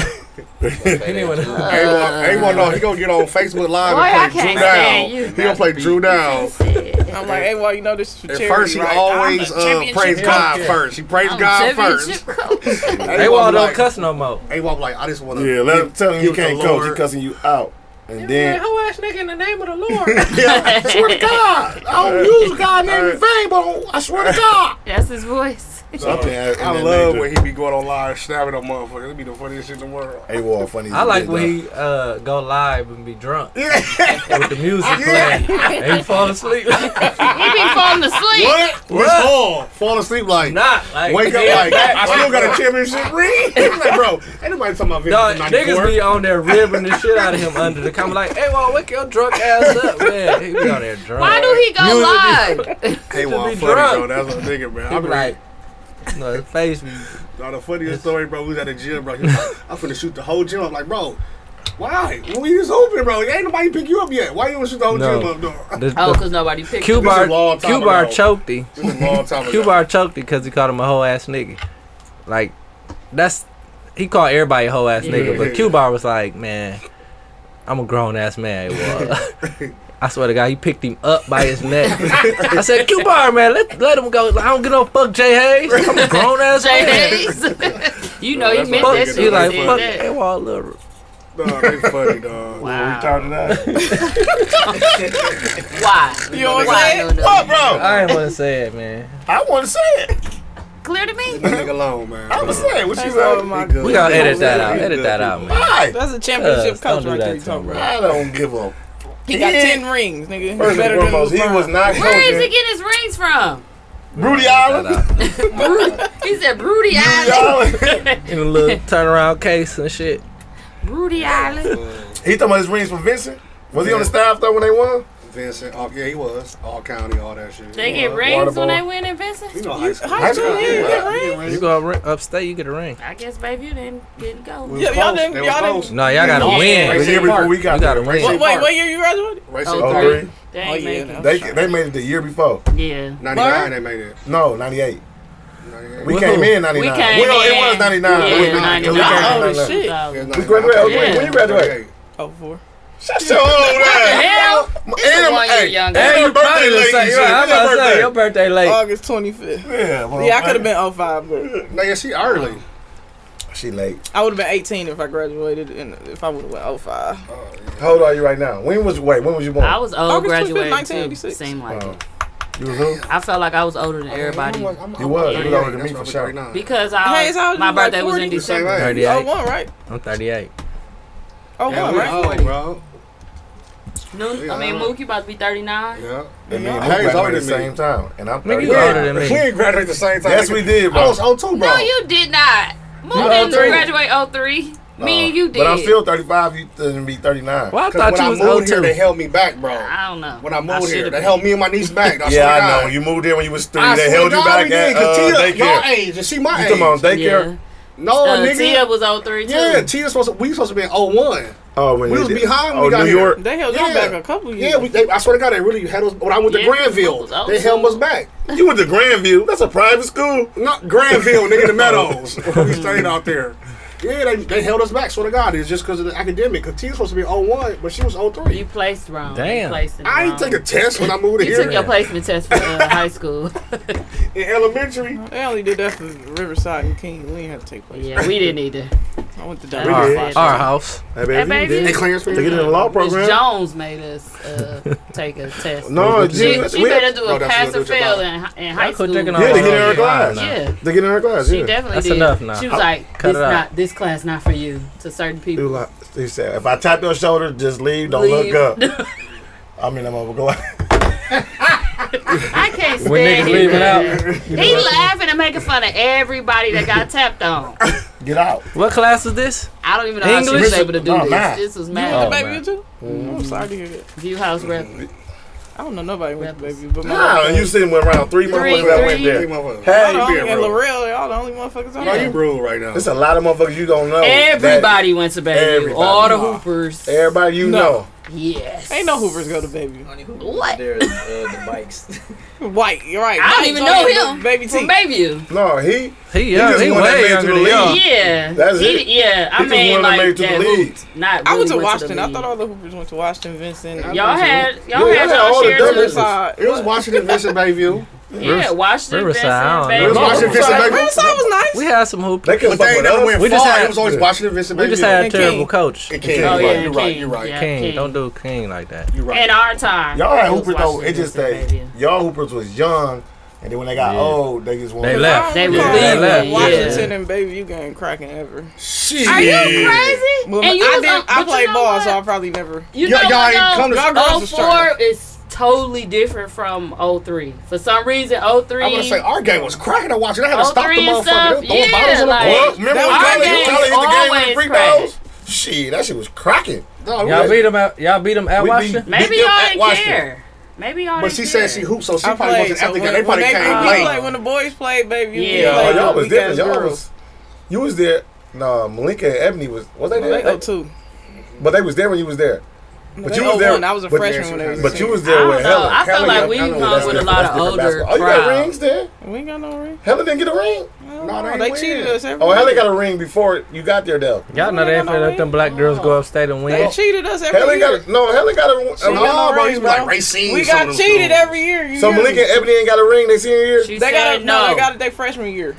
[SPEAKER 8] He need one of them.
[SPEAKER 7] [laughs] Hey, well, no, he gonna get on Facebook Live
[SPEAKER 6] Boy, I
[SPEAKER 7] and play
[SPEAKER 6] can't
[SPEAKER 7] Drew
[SPEAKER 6] stand
[SPEAKER 7] Down.
[SPEAKER 6] you.
[SPEAKER 7] He gonna play Drew Down.
[SPEAKER 9] I'm like, hey, well, you know this is for
[SPEAKER 7] At
[SPEAKER 9] charity.
[SPEAKER 7] first, he
[SPEAKER 9] right?
[SPEAKER 7] always
[SPEAKER 9] I'm a
[SPEAKER 7] uh,
[SPEAKER 9] championship
[SPEAKER 7] praised
[SPEAKER 9] coach.
[SPEAKER 7] God
[SPEAKER 8] Yeah.
[SPEAKER 7] first. He praised
[SPEAKER 6] I'm
[SPEAKER 7] God
[SPEAKER 6] championship
[SPEAKER 7] first.
[SPEAKER 6] coach.
[SPEAKER 8] AWOL don't cuss no more.
[SPEAKER 7] AWOL like, I just want to.
[SPEAKER 4] Yeah, let him tell him you can't coach. He cussing you out. And then
[SPEAKER 8] Who ass nigga in the name of the Lord?
[SPEAKER 7] [laughs] Yeah,
[SPEAKER 6] [laughs]
[SPEAKER 7] I swear to
[SPEAKER 4] [laughs]
[SPEAKER 7] God, I don't use God name in vain, but I swear to God.
[SPEAKER 6] That's his voice.
[SPEAKER 4] something happened.
[SPEAKER 7] I love when he be going on live snapping on motherfuckers. It'd be the funniest shit in the world.
[SPEAKER 4] AWOL funny. as
[SPEAKER 8] I
[SPEAKER 4] a
[SPEAKER 8] like
[SPEAKER 4] bitch,
[SPEAKER 8] when
[SPEAKER 4] though.
[SPEAKER 8] he uh, go live and be drunk with the music playing and he fall asleep.
[SPEAKER 6] He be falling asleep.
[SPEAKER 7] What? What's fall? Fall asleep like.
[SPEAKER 8] Not like
[SPEAKER 7] Wake up
[SPEAKER 8] yeah,
[SPEAKER 7] like
[SPEAKER 8] that-
[SPEAKER 7] I still got a championship ring,
[SPEAKER 4] [laughs]
[SPEAKER 7] like, bro. Ain't nobody talking about
[SPEAKER 8] Dog,
[SPEAKER 7] Vince
[SPEAKER 8] niggas [laughs]
[SPEAKER 7] '94.
[SPEAKER 8] be on there ribbing the shit out of him under the comment like, "Hey, well, wake your drunk ass up, man." He be on there drunk.
[SPEAKER 6] Why do he go live?
[SPEAKER 7] Hey, well,
[SPEAKER 8] be
[SPEAKER 7] I'm funny, bro.
[SPEAKER 8] drunk.
[SPEAKER 7] That's what I'm thinking, bro.
[SPEAKER 8] He
[SPEAKER 7] I'm
[SPEAKER 8] be
[SPEAKER 7] like,
[SPEAKER 8] like, no, his face be
[SPEAKER 7] no, the funniest story, bro. We was at the gym, bro. He was like, I'm finna shoot the whole gym. I'm like, bro, why? We just hooping, bro. Ain't nobody pick you up yet. Why you wanna shoot the whole
[SPEAKER 8] No.
[SPEAKER 7] gym up, though?
[SPEAKER 8] the,
[SPEAKER 6] [laughs] Oh,
[SPEAKER 8] the
[SPEAKER 6] because nobody picked
[SPEAKER 8] Q
[SPEAKER 7] This is a
[SPEAKER 8] bar
[SPEAKER 7] long time
[SPEAKER 8] Q bar
[SPEAKER 7] ago.
[SPEAKER 8] choked him.
[SPEAKER 7] This is a long time ago.
[SPEAKER 8] Q bar Oh, choked him because he called him a whole ass nigga. Like that's he called everybody a whole ass nigga, but Q bar was like, man, I'm a grown ass man. Well,
[SPEAKER 7] [laughs]
[SPEAKER 8] I swear to God, he picked him up by his neck. I said, Q bar man, let let him go. I don't give no fuck, Jay Hayes. I'm a grown ass
[SPEAKER 6] Jay
[SPEAKER 8] man.
[SPEAKER 6] Hayes. [laughs] you know he
[SPEAKER 7] that's
[SPEAKER 6] meant
[SPEAKER 7] why
[SPEAKER 8] Fuck
[SPEAKER 6] that
[SPEAKER 7] get
[SPEAKER 8] you
[SPEAKER 6] shit.
[SPEAKER 8] like
[SPEAKER 6] He
[SPEAKER 8] fuck
[SPEAKER 6] said
[SPEAKER 8] that. Wall, little
[SPEAKER 7] No, they funny,
[SPEAKER 4] [laughs]
[SPEAKER 7] dog.
[SPEAKER 6] that. Why?
[SPEAKER 9] You know what
[SPEAKER 6] Why?
[SPEAKER 9] I'm
[SPEAKER 6] No,
[SPEAKER 9] saying?
[SPEAKER 6] no.
[SPEAKER 4] Bro,
[SPEAKER 7] Oh.
[SPEAKER 8] I ain't wanna say it, man.
[SPEAKER 4] I want to say it.
[SPEAKER 6] Clear to me.
[SPEAKER 7] That nigga alone, man.
[SPEAKER 4] I want to say it. What you
[SPEAKER 9] That's
[SPEAKER 4] say?
[SPEAKER 9] all my-
[SPEAKER 7] He good.
[SPEAKER 8] We gonna
[SPEAKER 7] He
[SPEAKER 8] edit that
[SPEAKER 7] good.
[SPEAKER 8] out.
[SPEAKER 7] He
[SPEAKER 8] Edit
[SPEAKER 7] good.
[SPEAKER 8] that out, man.
[SPEAKER 4] Why?
[SPEAKER 9] That's a championship
[SPEAKER 8] Us, Uh, don't
[SPEAKER 9] coach
[SPEAKER 8] do
[SPEAKER 9] right
[SPEAKER 8] that
[SPEAKER 9] there. You
[SPEAKER 8] to
[SPEAKER 9] talking
[SPEAKER 8] him,
[SPEAKER 9] about?
[SPEAKER 8] bro.
[SPEAKER 4] I don't give up.
[SPEAKER 9] He got
[SPEAKER 4] He ain't-
[SPEAKER 9] ten rings, nigga. He
[SPEAKER 4] First
[SPEAKER 9] better
[SPEAKER 4] and
[SPEAKER 9] than
[SPEAKER 4] foremost, he
[SPEAKER 9] LeBron.
[SPEAKER 4] was not
[SPEAKER 6] Where is he
[SPEAKER 4] coaching.
[SPEAKER 6] getting his rings from?
[SPEAKER 4] Rudy
[SPEAKER 8] Edit
[SPEAKER 4] Allen.
[SPEAKER 8] that out.
[SPEAKER 6] He said Broody [laughs]
[SPEAKER 4] Rudy
[SPEAKER 6] Island.
[SPEAKER 4] Allen.
[SPEAKER 8] In
[SPEAKER 7] [laughs]
[SPEAKER 8] a little turnaround case and shit.
[SPEAKER 6] Broody Island.
[SPEAKER 4] He talking about his rings from Vincent. Was he on the staff though when they won?
[SPEAKER 7] Vincent, oh, yeah, he was. All county, all that shit.
[SPEAKER 6] They
[SPEAKER 7] He
[SPEAKER 6] get
[SPEAKER 7] was.
[SPEAKER 6] rings when
[SPEAKER 4] ball.
[SPEAKER 6] they win in Vincent.
[SPEAKER 7] You know, high school.
[SPEAKER 9] High school, yeah, you
[SPEAKER 7] yeah.
[SPEAKER 9] get
[SPEAKER 7] You
[SPEAKER 9] rings.
[SPEAKER 7] get
[SPEAKER 8] You
[SPEAKER 7] rings.
[SPEAKER 8] go up, upstate, you get a ring.
[SPEAKER 6] I guess baby you didn't didn't go.
[SPEAKER 7] We was
[SPEAKER 9] Yeah, y'all
[SPEAKER 7] close.
[SPEAKER 9] didn't-
[SPEAKER 7] They
[SPEAKER 9] y'all
[SPEAKER 7] was
[SPEAKER 9] didn't-
[SPEAKER 7] close.
[SPEAKER 8] No, y'all gotta
[SPEAKER 6] Yeah.
[SPEAKER 4] Right
[SPEAKER 8] win.
[SPEAKER 4] the year before we got
[SPEAKER 8] You gotta
[SPEAKER 4] there.
[SPEAKER 8] win.
[SPEAKER 9] Wait, wait,
[SPEAKER 7] Park.
[SPEAKER 9] what year you graduated?
[SPEAKER 7] Race
[SPEAKER 6] Oh,
[SPEAKER 7] Park.
[SPEAKER 4] Oh,
[SPEAKER 6] three.
[SPEAKER 4] three.
[SPEAKER 6] They
[SPEAKER 9] Oh,
[SPEAKER 6] ain't
[SPEAKER 9] yeah,
[SPEAKER 6] making
[SPEAKER 9] no.
[SPEAKER 6] it.
[SPEAKER 4] They they made it the year before.
[SPEAKER 6] Yeah.
[SPEAKER 7] 99, they made it.
[SPEAKER 4] No, ninety eight. We
[SPEAKER 8] Woo.
[SPEAKER 4] came in ninety
[SPEAKER 6] We
[SPEAKER 4] nine.
[SPEAKER 6] came
[SPEAKER 4] Well, it
[SPEAKER 6] in-
[SPEAKER 4] was ninety nine.
[SPEAKER 6] Yeah,
[SPEAKER 4] We came in
[SPEAKER 6] 99.
[SPEAKER 9] Y'all old
[SPEAKER 4] 99.
[SPEAKER 9] as shit.
[SPEAKER 6] So,
[SPEAKER 4] We graduated. Oh, When when you graduate?
[SPEAKER 9] Oh, four.
[SPEAKER 4] Shut your old ass.
[SPEAKER 6] Hell, it's a one year younger.
[SPEAKER 8] Hey, you probably look like,
[SPEAKER 4] shit.
[SPEAKER 8] right, I'm
[SPEAKER 4] When's
[SPEAKER 8] about to say,
[SPEAKER 4] your
[SPEAKER 8] your birthday late.
[SPEAKER 9] August 25th.
[SPEAKER 4] Yeah, well,
[SPEAKER 9] Yeah, I could have been 05, but
[SPEAKER 7] Nigga, she early.
[SPEAKER 4] She late.
[SPEAKER 9] I would have been 18 if I graduated and if I would have went 05.
[SPEAKER 4] How old are you right now? When was wait? When was you born?
[SPEAKER 6] I was old
[SPEAKER 9] August 25th,
[SPEAKER 6] graduating too.
[SPEAKER 9] 1986.
[SPEAKER 6] Seemed like
[SPEAKER 4] Oh.
[SPEAKER 6] it.
[SPEAKER 4] you was who?
[SPEAKER 6] I felt like I was older than everybody
[SPEAKER 4] You was. You was older than me for
[SPEAKER 7] That's
[SPEAKER 4] sure.
[SPEAKER 7] why I'm 39.
[SPEAKER 6] because I
[SPEAKER 9] Hey, it's how old
[SPEAKER 6] my
[SPEAKER 9] you, like
[SPEAKER 6] birthday was
[SPEAKER 9] 40?
[SPEAKER 6] in
[SPEAKER 7] You the same
[SPEAKER 6] December.
[SPEAKER 7] age.
[SPEAKER 8] 38.
[SPEAKER 9] 01, right?
[SPEAKER 8] I'm 38.
[SPEAKER 9] 01,
[SPEAKER 7] Yeah, we
[SPEAKER 9] right?
[SPEAKER 7] old, bro.
[SPEAKER 6] No, I mean Mookie about to be thirty nine.
[SPEAKER 7] Yeah.
[SPEAKER 4] And me and
[SPEAKER 7] Hey,
[SPEAKER 4] you
[SPEAKER 7] he's
[SPEAKER 4] graduated
[SPEAKER 7] older
[SPEAKER 4] at the
[SPEAKER 7] than me.
[SPEAKER 4] same time, and I'm
[SPEAKER 8] Nigga,
[SPEAKER 4] thirty.
[SPEAKER 8] you older than
[SPEAKER 7] We
[SPEAKER 8] me.
[SPEAKER 7] ain't graduated at the same time.
[SPEAKER 4] Yes,
[SPEAKER 7] nigga.
[SPEAKER 4] we did, bro.
[SPEAKER 7] I was 02, bro.
[SPEAKER 6] No, you did not. Mookie
[SPEAKER 7] No, Uh,
[SPEAKER 6] didn't
[SPEAKER 7] 03.
[SPEAKER 6] graduate 03. Me and you did.
[SPEAKER 4] But I'm still 35. You didn't be 39.
[SPEAKER 8] Well, I
[SPEAKER 7] 'Cause
[SPEAKER 8] thought
[SPEAKER 7] when
[SPEAKER 8] you
[SPEAKER 7] I
[SPEAKER 8] was
[SPEAKER 7] moved
[SPEAKER 8] old
[SPEAKER 7] here,
[SPEAKER 8] too.
[SPEAKER 7] they held me back, bro.
[SPEAKER 6] I don't know.
[SPEAKER 7] When I
[SPEAKER 6] I
[SPEAKER 7] moved here,
[SPEAKER 6] should've
[SPEAKER 7] they
[SPEAKER 6] been.
[SPEAKER 7] held me and my niece back. I swear
[SPEAKER 4] Yeah,
[SPEAKER 7] to
[SPEAKER 4] I
[SPEAKER 7] God.
[SPEAKER 4] know. When you moved in when you was three,
[SPEAKER 7] I
[SPEAKER 4] they
[SPEAKER 7] swear
[SPEAKER 4] held
[SPEAKER 7] to
[SPEAKER 4] you
[SPEAKER 7] God,
[SPEAKER 4] back
[SPEAKER 7] we
[SPEAKER 4] at
[SPEAKER 7] did, 'cause
[SPEAKER 4] uh,
[SPEAKER 7] Tia, your
[SPEAKER 4] daycare.
[SPEAKER 7] age, and she my
[SPEAKER 4] You
[SPEAKER 7] age.
[SPEAKER 4] talking about
[SPEAKER 6] Yeah.
[SPEAKER 4] daycare?
[SPEAKER 7] No,
[SPEAKER 6] Uh,
[SPEAKER 7] nigga.
[SPEAKER 6] Tia was 03 too.
[SPEAKER 7] yeah, Tia supposed to, we supposed to be in 01.
[SPEAKER 4] Oh, when
[SPEAKER 7] We
[SPEAKER 4] they
[SPEAKER 7] was
[SPEAKER 4] did-
[SPEAKER 7] behind when
[SPEAKER 4] Oh,
[SPEAKER 7] we got
[SPEAKER 4] New
[SPEAKER 7] here.
[SPEAKER 4] York.
[SPEAKER 9] They held
[SPEAKER 7] Yeah.
[SPEAKER 9] y'all back a couple years.
[SPEAKER 7] Yeah, we, they, I swear to God, they really had us. When I went to
[SPEAKER 6] Yeah,
[SPEAKER 7] Granville,
[SPEAKER 6] we was
[SPEAKER 7] they held us
[SPEAKER 6] old.
[SPEAKER 7] back.
[SPEAKER 4] You went to Grandview. That's a private school. [laughs]
[SPEAKER 7] Not Granville, nigga, the Meadows. we stayed out there. Yeah, they, they held us back. Swear to God, it's just because of the academic. Because T's supposed to be 01, but she was 03.
[SPEAKER 6] You placed wrong.
[SPEAKER 8] Damn.
[SPEAKER 6] You placed it
[SPEAKER 7] I ain't
[SPEAKER 6] wrong.
[SPEAKER 7] take a test when I moved
[SPEAKER 6] You
[SPEAKER 7] here.
[SPEAKER 6] took your placement test for uh, high [laughs] school.
[SPEAKER 7] in elementary.
[SPEAKER 6] Uh-huh.
[SPEAKER 9] They only did that for Riverside and King. We didn't have to take place.
[SPEAKER 6] Yeah, we didn't either.
[SPEAKER 9] I went to
[SPEAKER 6] We
[SPEAKER 8] Our,
[SPEAKER 6] did.
[SPEAKER 9] Dollar
[SPEAKER 6] Yeah.
[SPEAKER 8] our house.
[SPEAKER 4] Hey, baby,
[SPEAKER 6] baby.
[SPEAKER 4] They,
[SPEAKER 7] They clearance
[SPEAKER 4] they get in the law
[SPEAKER 6] Miss
[SPEAKER 4] program.
[SPEAKER 6] Jones made us
[SPEAKER 8] [laughs]
[SPEAKER 6] uh, take a test.
[SPEAKER 4] No,
[SPEAKER 6] She,
[SPEAKER 4] Jim,
[SPEAKER 6] she
[SPEAKER 4] we-
[SPEAKER 6] better do a
[SPEAKER 7] Oh, that's
[SPEAKER 6] pass
[SPEAKER 7] what
[SPEAKER 6] or
[SPEAKER 7] it was
[SPEAKER 6] fail
[SPEAKER 7] about.
[SPEAKER 6] in, hi- in
[SPEAKER 8] I
[SPEAKER 6] high
[SPEAKER 8] quit
[SPEAKER 6] school.
[SPEAKER 8] drinking
[SPEAKER 4] Yeah, they
[SPEAKER 8] all
[SPEAKER 4] get in her
[SPEAKER 8] that wine
[SPEAKER 4] glass.
[SPEAKER 8] now.
[SPEAKER 6] yeah,
[SPEAKER 4] They get in her class.
[SPEAKER 6] she
[SPEAKER 4] yeah.
[SPEAKER 6] definitely
[SPEAKER 8] That's
[SPEAKER 6] did.
[SPEAKER 8] enough now.
[SPEAKER 6] She was like,
[SPEAKER 8] cut
[SPEAKER 6] "This
[SPEAKER 8] it out.
[SPEAKER 6] not this class, not for you." To certain
[SPEAKER 4] He was
[SPEAKER 6] people,
[SPEAKER 4] like, he said, if I tap your shoulder, just leave. Don't
[SPEAKER 6] Leave.
[SPEAKER 4] look up. [laughs] I mean, I'm over going.
[SPEAKER 6] I can't
[SPEAKER 8] When niggas
[SPEAKER 6] stand
[SPEAKER 8] leave it
[SPEAKER 6] it. [laughs]
[SPEAKER 8] out.
[SPEAKER 6] He laughing and making fun of everybody that got tapped on.
[SPEAKER 4] [laughs] Get out.
[SPEAKER 8] What class is this?
[SPEAKER 6] I don't even know how she
[SPEAKER 8] English?
[SPEAKER 6] was able to do
[SPEAKER 4] No,
[SPEAKER 6] this.
[SPEAKER 4] math.
[SPEAKER 6] This was
[SPEAKER 9] You went
[SPEAKER 6] mad.
[SPEAKER 9] to
[SPEAKER 8] Oh,
[SPEAKER 9] Bayview
[SPEAKER 8] man.
[SPEAKER 9] [laughs] too? I'm sorry to hear that.
[SPEAKER 6] View House Rep.
[SPEAKER 4] Oh,
[SPEAKER 9] I don't know nobody went to
[SPEAKER 6] Rebels.
[SPEAKER 9] Bayview, but my
[SPEAKER 4] Nah, you seen went around three, motherfuckers that went
[SPEAKER 6] three.
[SPEAKER 7] Hey,
[SPEAKER 4] there.
[SPEAKER 7] motherfucker.
[SPEAKER 9] Y'all the
[SPEAKER 7] Hey,
[SPEAKER 9] only,
[SPEAKER 7] you
[SPEAKER 9] and
[SPEAKER 7] being real.
[SPEAKER 9] Lareelle, y'all the only motherfuckers
[SPEAKER 7] Bro,
[SPEAKER 9] on there.
[SPEAKER 7] you real right now.
[SPEAKER 4] It's a lot of motherfuckers you don't know. that-
[SPEAKER 6] Everybody went to Bayview.
[SPEAKER 4] Everybody.
[SPEAKER 6] All the Hoopers.
[SPEAKER 4] everybody you know.
[SPEAKER 6] Yes.
[SPEAKER 9] Ain't no Hoovers go to Bayview.
[SPEAKER 6] What?
[SPEAKER 10] There's uh, the bikes.
[SPEAKER 9] White, you're right.
[SPEAKER 6] I don't
[SPEAKER 9] White
[SPEAKER 6] even
[SPEAKER 9] go
[SPEAKER 6] know
[SPEAKER 9] to
[SPEAKER 6] him.
[SPEAKER 9] Baby T.
[SPEAKER 6] [laughs] From Bayview.
[SPEAKER 4] No, he.
[SPEAKER 8] He
[SPEAKER 4] He
[SPEAKER 8] young.
[SPEAKER 4] just
[SPEAKER 8] He,
[SPEAKER 4] won that
[SPEAKER 8] way
[SPEAKER 4] man to
[SPEAKER 8] younger
[SPEAKER 4] the
[SPEAKER 8] than
[SPEAKER 4] league.
[SPEAKER 8] y'all.
[SPEAKER 6] Yeah.
[SPEAKER 4] That's
[SPEAKER 6] He-
[SPEAKER 4] it.
[SPEAKER 6] Yeah. I
[SPEAKER 4] He just
[SPEAKER 6] mean,
[SPEAKER 4] wanted to
[SPEAKER 6] like
[SPEAKER 4] make it to the
[SPEAKER 6] that
[SPEAKER 4] league.
[SPEAKER 6] hooped, Not
[SPEAKER 9] I
[SPEAKER 6] really
[SPEAKER 9] went to
[SPEAKER 6] went
[SPEAKER 9] Washington. I thought all the Hoopers went to Washington, Vincent. I
[SPEAKER 6] y'all
[SPEAKER 9] went to
[SPEAKER 6] had y'all
[SPEAKER 4] Yeah,
[SPEAKER 6] had
[SPEAKER 4] yeah,
[SPEAKER 6] y'all
[SPEAKER 4] all the
[SPEAKER 6] share too.
[SPEAKER 4] doubles.
[SPEAKER 9] Riverside.
[SPEAKER 7] It was Washington
[SPEAKER 9] [laughs]
[SPEAKER 7] Vincent Bayview.
[SPEAKER 6] Yeah, Washington,
[SPEAKER 8] Riverside,
[SPEAKER 6] Vincent,
[SPEAKER 8] I
[SPEAKER 7] It
[SPEAKER 8] don't
[SPEAKER 7] was
[SPEAKER 8] know.
[SPEAKER 6] Bayview.
[SPEAKER 7] Washington Vincent
[SPEAKER 9] Riverside,
[SPEAKER 7] Bayview.
[SPEAKER 9] Riverside was nice.
[SPEAKER 8] We had some hoop.
[SPEAKER 4] They couldn't
[SPEAKER 7] But they
[SPEAKER 4] fuck
[SPEAKER 7] ain't
[SPEAKER 4] with
[SPEAKER 7] never
[SPEAKER 4] us.
[SPEAKER 7] went
[SPEAKER 8] We just
[SPEAKER 7] far.
[SPEAKER 8] had-
[SPEAKER 7] it was always Washington Vincent Bayview.
[SPEAKER 8] We just had a
[SPEAKER 9] And
[SPEAKER 8] terrible
[SPEAKER 9] King.
[SPEAKER 8] coach.
[SPEAKER 7] It
[SPEAKER 8] King.
[SPEAKER 7] can't.
[SPEAKER 6] Oh,
[SPEAKER 7] you're
[SPEAKER 6] yeah,
[SPEAKER 7] right. You're right.
[SPEAKER 6] King.
[SPEAKER 7] You're right.
[SPEAKER 6] Yeah.
[SPEAKER 8] King.
[SPEAKER 6] King.
[SPEAKER 8] Don't do King like that.
[SPEAKER 7] You're right.
[SPEAKER 6] In our time.
[SPEAKER 4] Y'all had
[SPEAKER 6] It was
[SPEAKER 4] hoopers though.
[SPEAKER 6] Washington,
[SPEAKER 4] It just
[SPEAKER 6] Vincent,
[SPEAKER 4] that
[SPEAKER 6] Bayview.
[SPEAKER 4] y'all hoopers was young, and then when they got
[SPEAKER 8] Yeah.
[SPEAKER 4] old, they just
[SPEAKER 8] They
[SPEAKER 4] wanted.
[SPEAKER 8] left.
[SPEAKER 6] They was
[SPEAKER 9] Yeah.
[SPEAKER 8] leaving.
[SPEAKER 6] leaving. Yeah.
[SPEAKER 9] Washington and Bayview game cracking ever.
[SPEAKER 7] Shit.
[SPEAKER 6] Are you crazy?
[SPEAKER 9] Well,
[SPEAKER 6] and you
[SPEAKER 9] I
[SPEAKER 6] was
[SPEAKER 9] didn't.
[SPEAKER 6] on-
[SPEAKER 9] I
[SPEAKER 6] but
[SPEAKER 9] played
[SPEAKER 6] you know
[SPEAKER 9] ball,
[SPEAKER 6] what?
[SPEAKER 9] so I probably never.
[SPEAKER 6] You know
[SPEAKER 7] Y'all- y'all
[SPEAKER 6] what,
[SPEAKER 7] ain't
[SPEAKER 6] though?
[SPEAKER 7] come to-
[SPEAKER 9] Y'all girls was
[SPEAKER 6] 04 is totally different from 03. For some reason, 03.
[SPEAKER 7] I'm gonna say our game was cracking to watch. it. They had to
[SPEAKER 6] Oh,
[SPEAKER 7] stop the
[SPEAKER 6] three and
[SPEAKER 7] motherfucker. They were throwing
[SPEAKER 6] stuff.
[SPEAKER 7] bottles on the
[SPEAKER 6] Yeah,
[SPEAKER 7] court.
[SPEAKER 4] Well, remember when
[SPEAKER 6] Our game's
[SPEAKER 4] Tyler Tyler hit the game with the
[SPEAKER 6] always
[SPEAKER 4] free
[SPEAKER 6] crack.
[SPEAKER 4] throws? Shit, that shit was cracking.
[SPEAKER 7] No, we
[SPEAKER 8] Y'all
[SPEAKER 7] had-
[SPEAKER 8] beat him at y'all beat him at
[SPEAKER 4] We beat-
[SPEAKER 8] Washington.
[SPEAKER 6] [laughs] Maybe
[SPEAKER 4] beat them
[SPEAKER 6] y'all
[SPEAKER 4] at
[SPEAKER 6] didn't
[SPEAKER 4] Washington.
[SPEAKER 6] care. Maybe y'all
[SPEAKER 7] But
[SPEAKER 6] didn't
[SPEAKER 7] she
[SPEAKER 6] care.
[SPEAKER 7] said she hooped, so she
[SPEAKER 9] I
[SPEAKER 7] probably
[SPEAKER 9] played.
[SPEAKER 7] wasn't
[SPEAKER 9] So
[SPEAKER 7] after the
[SPEAKER 9] when,
[SPEAKER 7] game. They
[SPEAKER 9] when
[SPEAKER 7] probably
[SPEAKER 9] they,
[SPEAKER 7] came
[SPEAKER 9] we
[SPEAKER 6] late.
[SPEAKER 9] played
[SPEAKER 7] late.
[SPEAKER 9] when the boys played, baby.
[SPEAKER 6] Yeah.
[SPEAKER 9] we
[SPEAKER 6] Yeah,
[SPEAKER 4] Oh,
[SPEAKER 9] played
[SPEAKER 4] y'all was
[SPEAKER 9] weak ass
[SPEAKER 4] different. Y'all
[SPEAKER 9] girls.
[SPEAKER 4] was. You was there. No, Malika and Ebony was. Was they
[SPEAKER 9] Well, they
[SPEAKER 4] there?
[SPEAKER 9] go too.
[SPEAKER 4] but they was there when you was there.
[SPEAKER 9] No,
[SPEAKER 4] But
[SPEAKER 9] they
[SPEAKER 4] you was
[SPEAKER 9] go
[SPEAKER 4] there-
[SPEAKER 9] one. I was a
[SPEAKER 4] but-
[SPEAKER 9] freshman when they was.
[SPEAKER 4] But you was
[SPEAKER 6] I
[SPEAKER 4] there
[SPEAKER 6] don't
[SPEAKER 4] with
[SPEAKER 6] know.
[SPEAKER 4] Helen.
[SPEAKER 6] I feel
[SPEAKER 7] Helen,
[SPEAKER 6] like
[SPEAKER 7] y'all-
[SPEAKER 6] we
[SPEAKER 7] y'all know
[SPEAKER 6] hung
[SPEAKER 7] that's
[SPEAKER 6] with a
[SPEAKER 7] different.
[SPEAKER 6] lot
[SPEAKER 4] That's
[SPEAKER 6] of
[SPEAKER 4] different
[SPEAKER 6] older
[SPEAKER 4] basketball. Oh, you got rings
[SPEAKER 6] crowd.
[SPEAKER 4] there?
[SPEAKER 9] We ain't got no ring.
[SPEAKER 4] Helen didn't get a ring.
[SPEAKER 9] No,
[SPEAKER 7] No, they ain't
[SPEAKER 9] they
[SPEAKER 7] win.
[SPEAKER 9] cheated us. Every
[SPEAKER 4] Oh, Helen
[SPEAKER 9] year.
[SPEAKER 4] got a ring before you got there, though.
[SPEAKER 8] Y'all know they
[SPEAKER 9] Y'all know
[SPEAKER 8] finna let
[SPEAKER 9] that.
[SPEAKER 8] them black girls
[SPEAKER 6] Oh.
[SPEAKER 8] go upstate and
[SPEAKER 9] They
[SPEAKER 8] win.
[SPEAKER 9] cheated us every
[SPEAKER 4] Helen
[SPEAKER 9] year.
[SPEAKER 4] got no. Helen got a, uh, a
[SPEAKER 9] got no
[SPEAKER 7] No, bro,
[SPEAKER 9] ring,
[SPEAKER 7] he's like
[SPEAKER 9] bro.
[SPEAKER 7] Racine.
[SPEAKER 9] we
[SPEAKER 7] some
[SPEAKER 9] got
[SPEAKER 7] of them
[SPEAKER 9] cheated
[SPEAKER 7] schools.
[SPEAKER 9] every year. You
[SPEAKER 4] So
[SPEAKER 9] hear me?
[SPEAKER 4] Malika and Ebony ain't got a ring. They senior year.
[SPEAKER 6] She
[SPEAKER 9] They got
[SPEAKER 6] said
[SPEAKER 9] it. No,
[SPEAKER 6] no.
[SPEAKER 9] they got it. They freshman year.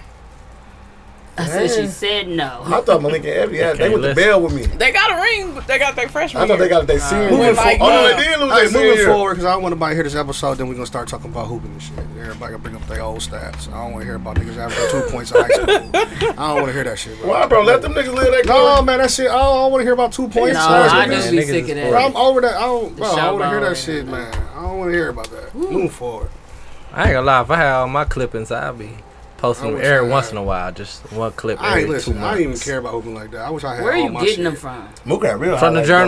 [SPEAKER 6] I said she said no.
[SPEAKER 4] I thought Malika and Ebony had. They
[SPEAKER 8] Okay,
[SPEAKER 4] went to
[SPEAKER 8] listen.
[SPEAKER 4] bell with me.
[SPEAKER 9] They got a ring, but they got their freshman.
[SPEAKER 4] I thought they
[SPEAKER 9] year.
[SPEAKER 4] got their senior. year.
[SPEAKER 7] Moving
[SPEAKER 9] like,
[SPEAKER 4] oh no,
[SPEAKER 9] uh,
[SPEAKER 4] they did lose
[SPEAKER 7] All
[SPEAKER 4] their
[SPEAKER 7] right,
[SPEAKER 4] senior
[SPEAKER 7] moving
[SPEAKER 4] year.
[SPEAKER 7] forward, because I don't want nobody to hear this episode, then we're going to start talking about hooping and shit. Everybody can bring up their old stats. I don't want to hear about niggas averaging two points in high
[SPEAKER 9] [laughs]
[SPEAKER 7] school. I don't want to hear that shit, bro.
[SPEAKER 4] Why, bro? Let them niggas live their
[SPEAKER 7] No,
[SPEAKER 4] glory.
[SPEAKER 7] man, that shit. I don't, I don't want to hear about two points.
[SPEAKER 6] No, I
[SPEAKER 7] Sorry, man.
[SPEAKER 6] do
[SPEAKER 8] man.
[SPEAKER 6] be
[SPEAKER 8] Niggas
[SPEAKER 6] sick of
[SPEAKER 8] is
[SPEAKER 6] that.
[SPEAKER 7] Bro, I'm over that. I don't, bro, I
[SPEAKER 6] show
[SPEAKER 7] don't want to hear
[SPEAKER 6] ball
[SPEAKER 7] that
[SPEAKER 6] right
[SPEAKER 7] shit, man. I don't want to hear about that. Move forward.
[SPEAKER 8] I ain't gonna lie, if I had all my clippings, I'd be
[SPEAKER 7] I
[SPEAKER 8] posting them
[SPEAKER 7] wish
[SPEAKER 8] every
[SPEAKER 7] I
[SPEAKER 8] once
[SPEAKER 7] had.
[SPEAKER 8] in a while, just one clip
[SPEAKER 7] I
[SPEAKER 8] every
[SPEAKER 7] ain't
[SPEAKER 8] two
[SPEAKER 7] listen.
[SPEAKER 8] months.
[SPEAKER 7] I didn't even care about hooping like that. I wish I had
[SPEAKER 6] Where are
[SPEAKER 7] all
[SPEAKER 6] you
[SPEAKER 7] my
[SPEAKER 6] getting
[SPEAKER 7] shit.
[SPEAKER 6] them from?
[SPEAKER 4] Mook got real
[SPEAKER 8] From the
[SPEAKER 4] highlights,
[SPEAKER 8] Journal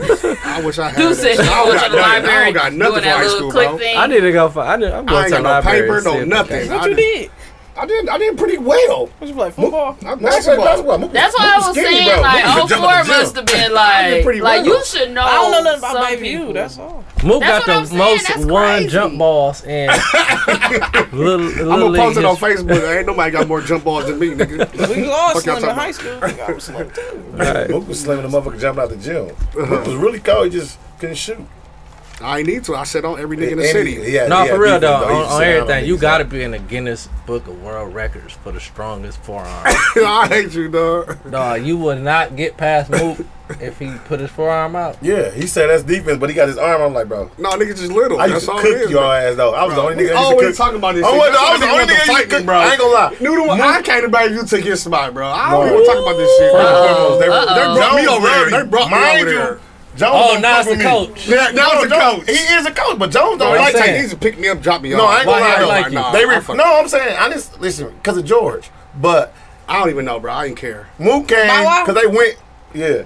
[SPEAKER 8] [laughs] Sentinel.
[SPEAKER 7] I wish I had.
[SPEAKER 6] Do
[SPEAKER 7] that
[SPEAKER 6] said
[SPEAKER 7] shit. I
[SPEAKER 6] go to
[SPEAKER 7] don't got
[SPEAKER 6] the
[SPEAKER 7] nothing. I
[SPEAKER 6] library
[SPEAKER 7] don't got
[SPEAKER 6] doing
[SPEAKER 7] nothing for
[SPEAKER 6] that
[SPEAKER 7] high
[SPEAKER 6] little
[SPEAKER 7] school,
[SPEAKER 6] click
[SPEAKER 7] bro.
[SPEAKER 6] thing.
[SPEAKER 8] I need to go for. I need, I'm
[SPEAKER 7] I
[SPEAKER 8] going
[SPEAKER 7] ain't
[SPEAKER 8] to
[SPEAKER 7] got
[SPEAKER 8] the
[SPEAKER 7] no
[SPEAKER 8] library. and
[SPEAKER 7] paper,
[SPEAKER 8] see
[SPEAKER 7] no
[SPEAKER 8] if they
[SPEAKER 7] nothing.
[SPEAKER 8] got-
[SPEAKER 9] What you
[SPEAKER 7] I did-
[SPEAKER 9] did?
[SPEAKER 7] I didn't. I did pretty well.
[SPEAKER 9] What you play football?
[SPEAKER 7] I
[SPEAKER 4] Mook played
[SPEAKER 7] basketball.
[SPEAKER 4] basketball. Mook was-
[SPEAKER 6] That's
[SPEAKER 4] Mook
[SPEAKER 6] why I
[SPEAKER 4] was
[SPEAKER 6] was
[SPEAKER 4] skinny,
[SPEAKER 6] saying
[SPEAKER 4] bro.
[SPEAKER 6] like oh,
[SPEAKER 4] Mook used to
[SPEAKER 6] 04
[SPEAKER 4] jump in the gym.
[SPEAKER 6] must have been
[SPEAKER 4] did
[SPEAKER 6] like
[SPEAKER 4] pretty
[SPEAKER 6] like
[SPEAKER 4] well.
[SPEAKER 6] you should know.
[SPEAKER 9] I don't know nothing about
[SPEAKER 6] some
[SPEAKER 9] Baby
[SPEAKER 6] people.
[SPEAKER 9] You. That's all.
[SPEAKER 8] Mook
[SPEAKER 6] That's what
[SPEAKER 8] got the
[SPEAKER 6] I'm saying,
[SPEAKER 8] most
[SPEAKER 6] that's
[SPEAKER 8] one
[SPEAKER 6] crazy.
[SPEAKER 8] jump balls
[SPEAKER 7] [laughs]
[SPEAKER 8] and little, little
[SPEAKER 7] I'm gonna
[SPEAKER 8] league
[SPEAKER 7] post it on
[SPEAKER 8] history.
[SPEAKER 7] Facebook. Ain't nobody got more jump balls than me, nigga.
[SPEAKER 9] [laughs] We was all
[SPEAKER 7] Fuck y'all
[SPEAKER 9] slim in
[SPEAKER 7] talking
[SPEAKER 9] high
[SPEAKER 7] about?
[SPEAKER 9] school. We got slim too.
[SPEAKER 4] Mook was slamming the motherfucker jumping out the gym.
[SPEAKER 7] Uh-huh.
[SPEAKER 4] Mook was really cold. He just couldn't shoot.
[SPEAKER 7] I ain't need to. I said on every nigga in the
[SPEAKER 4] And
[SPEAKER 7] city.
[SPEAKER 4] he- he had-
[SPEAKER 8] No,
[SPEAKER 4] he
[SPEAKER 8] for
[SPEAKER 4] had
[SPEAKER 8] real
[SPEAKER 4] defense,
[SPEAKER 8] though,
[SPEAKER 4] He
[SPEAKER 8] on,
[SPEAKER 4] used to
[SPEAKER 8] on
[SPEAKER 4] sit down
[SPEAKER 8] everything, you
[SPEAKER 4] niggas.
[SPEAKER 8] gotta be in the Guinness Book of World Records for the strongest
[SPEAKER 7] [laughs]
[SPEAKER 8] forearm.
[SPEAKER 7] I hate you, dog. [laughs]
[SPEAKER 8] Dog, you would not get past Mook if he put his
[SPEAKER 7] [laughs]
[SPEAKER 8] forearm out.
[SPEAKER 4] Yeah, he said that's defense, but he got his arm. I'm like, bro,
[SPEAKER 7] No, nigga, just little.
[SPEAKER 4] I used
[SPEAKER 7] That's
[SPEAKER 4] to
[SPEAKER 7] all
[SPEAKER 4] cook
[SPEAKER 7] it is.
[SPEAKER 4] your
[SPEAKER 7] bro.
[SPEAKER 4] ass though. I was the
[SPEAKER 7] Bro, Oh,
[SPEAKER 4] only
[SPEAKER 7] we
[SPEAKER 4] nigga that used to
[SPEAKER 7] always
[SPEAKER 4] cook.
[SPEAKER 7] talking about this.
[SPEAKER 4] I
[SPEAKER 7] shit.
[SPEAKER 4] was,
[SPEAKER 7] That's
[SPEAKER 4] I was the
[SPEAKER 7] why
[SPEAKER 4] only
[SPEAKER 7] niggas
[SPEAKER 4] nigga that
[SPEAKER 7] want
[SPEAKER 4] used
[SPEAKER 7] to
[SPEAKER 4] to cook.
[SPEAKER 7] bro.
[SPEAKER 4] I ain't gonna lie.
[SPEAKER 7] New to one. I came to back you to get somebody, bro. I don't
[SPEAKER 4] No.
[SPEAKER 7] even talk about this shit.
[SPEAKER 4] Uh-oh.
[SPEAKER 7] They, they
[SPEAKER 4] Uh-oh.
[SPEAKER 7] brought me
[SPEAKER 4] Jones
[SPEAKER 7] over
[SPEAKER 4] loved
[SPEAKER 7] there.
[SPEAKER 4] you.
[SPEAKER 7] They brought
[SPEAKER 4] Mind
[SPEAKER 7] me over
[SPEAKER 4] you,
[SPEAKER 7] there.
[SPEAKER 4] Jones
[SPEAKER 8] Oh,
[SPEAKER 4] don't
[SPEAKER 8] now it's
[SPEAKER 4] fuck
[SPEAKER 8] the
[SPEAKER 4] with me.
[SPEAKER 8] coach.
[SPEAKER 7] Yeah, now
[SPEAKER 4] No,
[SPEAKER 7] it's a
[SPEAKER 4] Jones-
[SPEAKER 7] coach.
[SPEAKER 4] He is a coach, but Jones don't
[SPEAKER 8] What
[SPEAKER 7] I
[SPEAKER 8] I'm
[SPEAKER 4] like
[SPEAKER 7] like
[SPEAKER 8] saying.
[SPEAKER 7] that. He's pick me up, drop me off.
[SPEAKER 4] No, I ain't
[SPEAKER 8] Why
[SPEAKER 4] gonna lie.
[SPEAKER 8] they
[SPEAKER 4] though.
[SPEAKER 8] don't like you?
[SPEAKER 4] They
[SPEAKER 7] I
[SPEAKER 4] re-
[SPEAKER 7] fuck-
[SPEAKER 4] no, I'm saying I just listen because of George, but
[SPEAKER 7] I don't even know, bro. I didn't care.
[SPEAKER 4] Mook came
[SPEAKER 9] Bow Wow?
[SPEAKER 4] because they went. Yeah,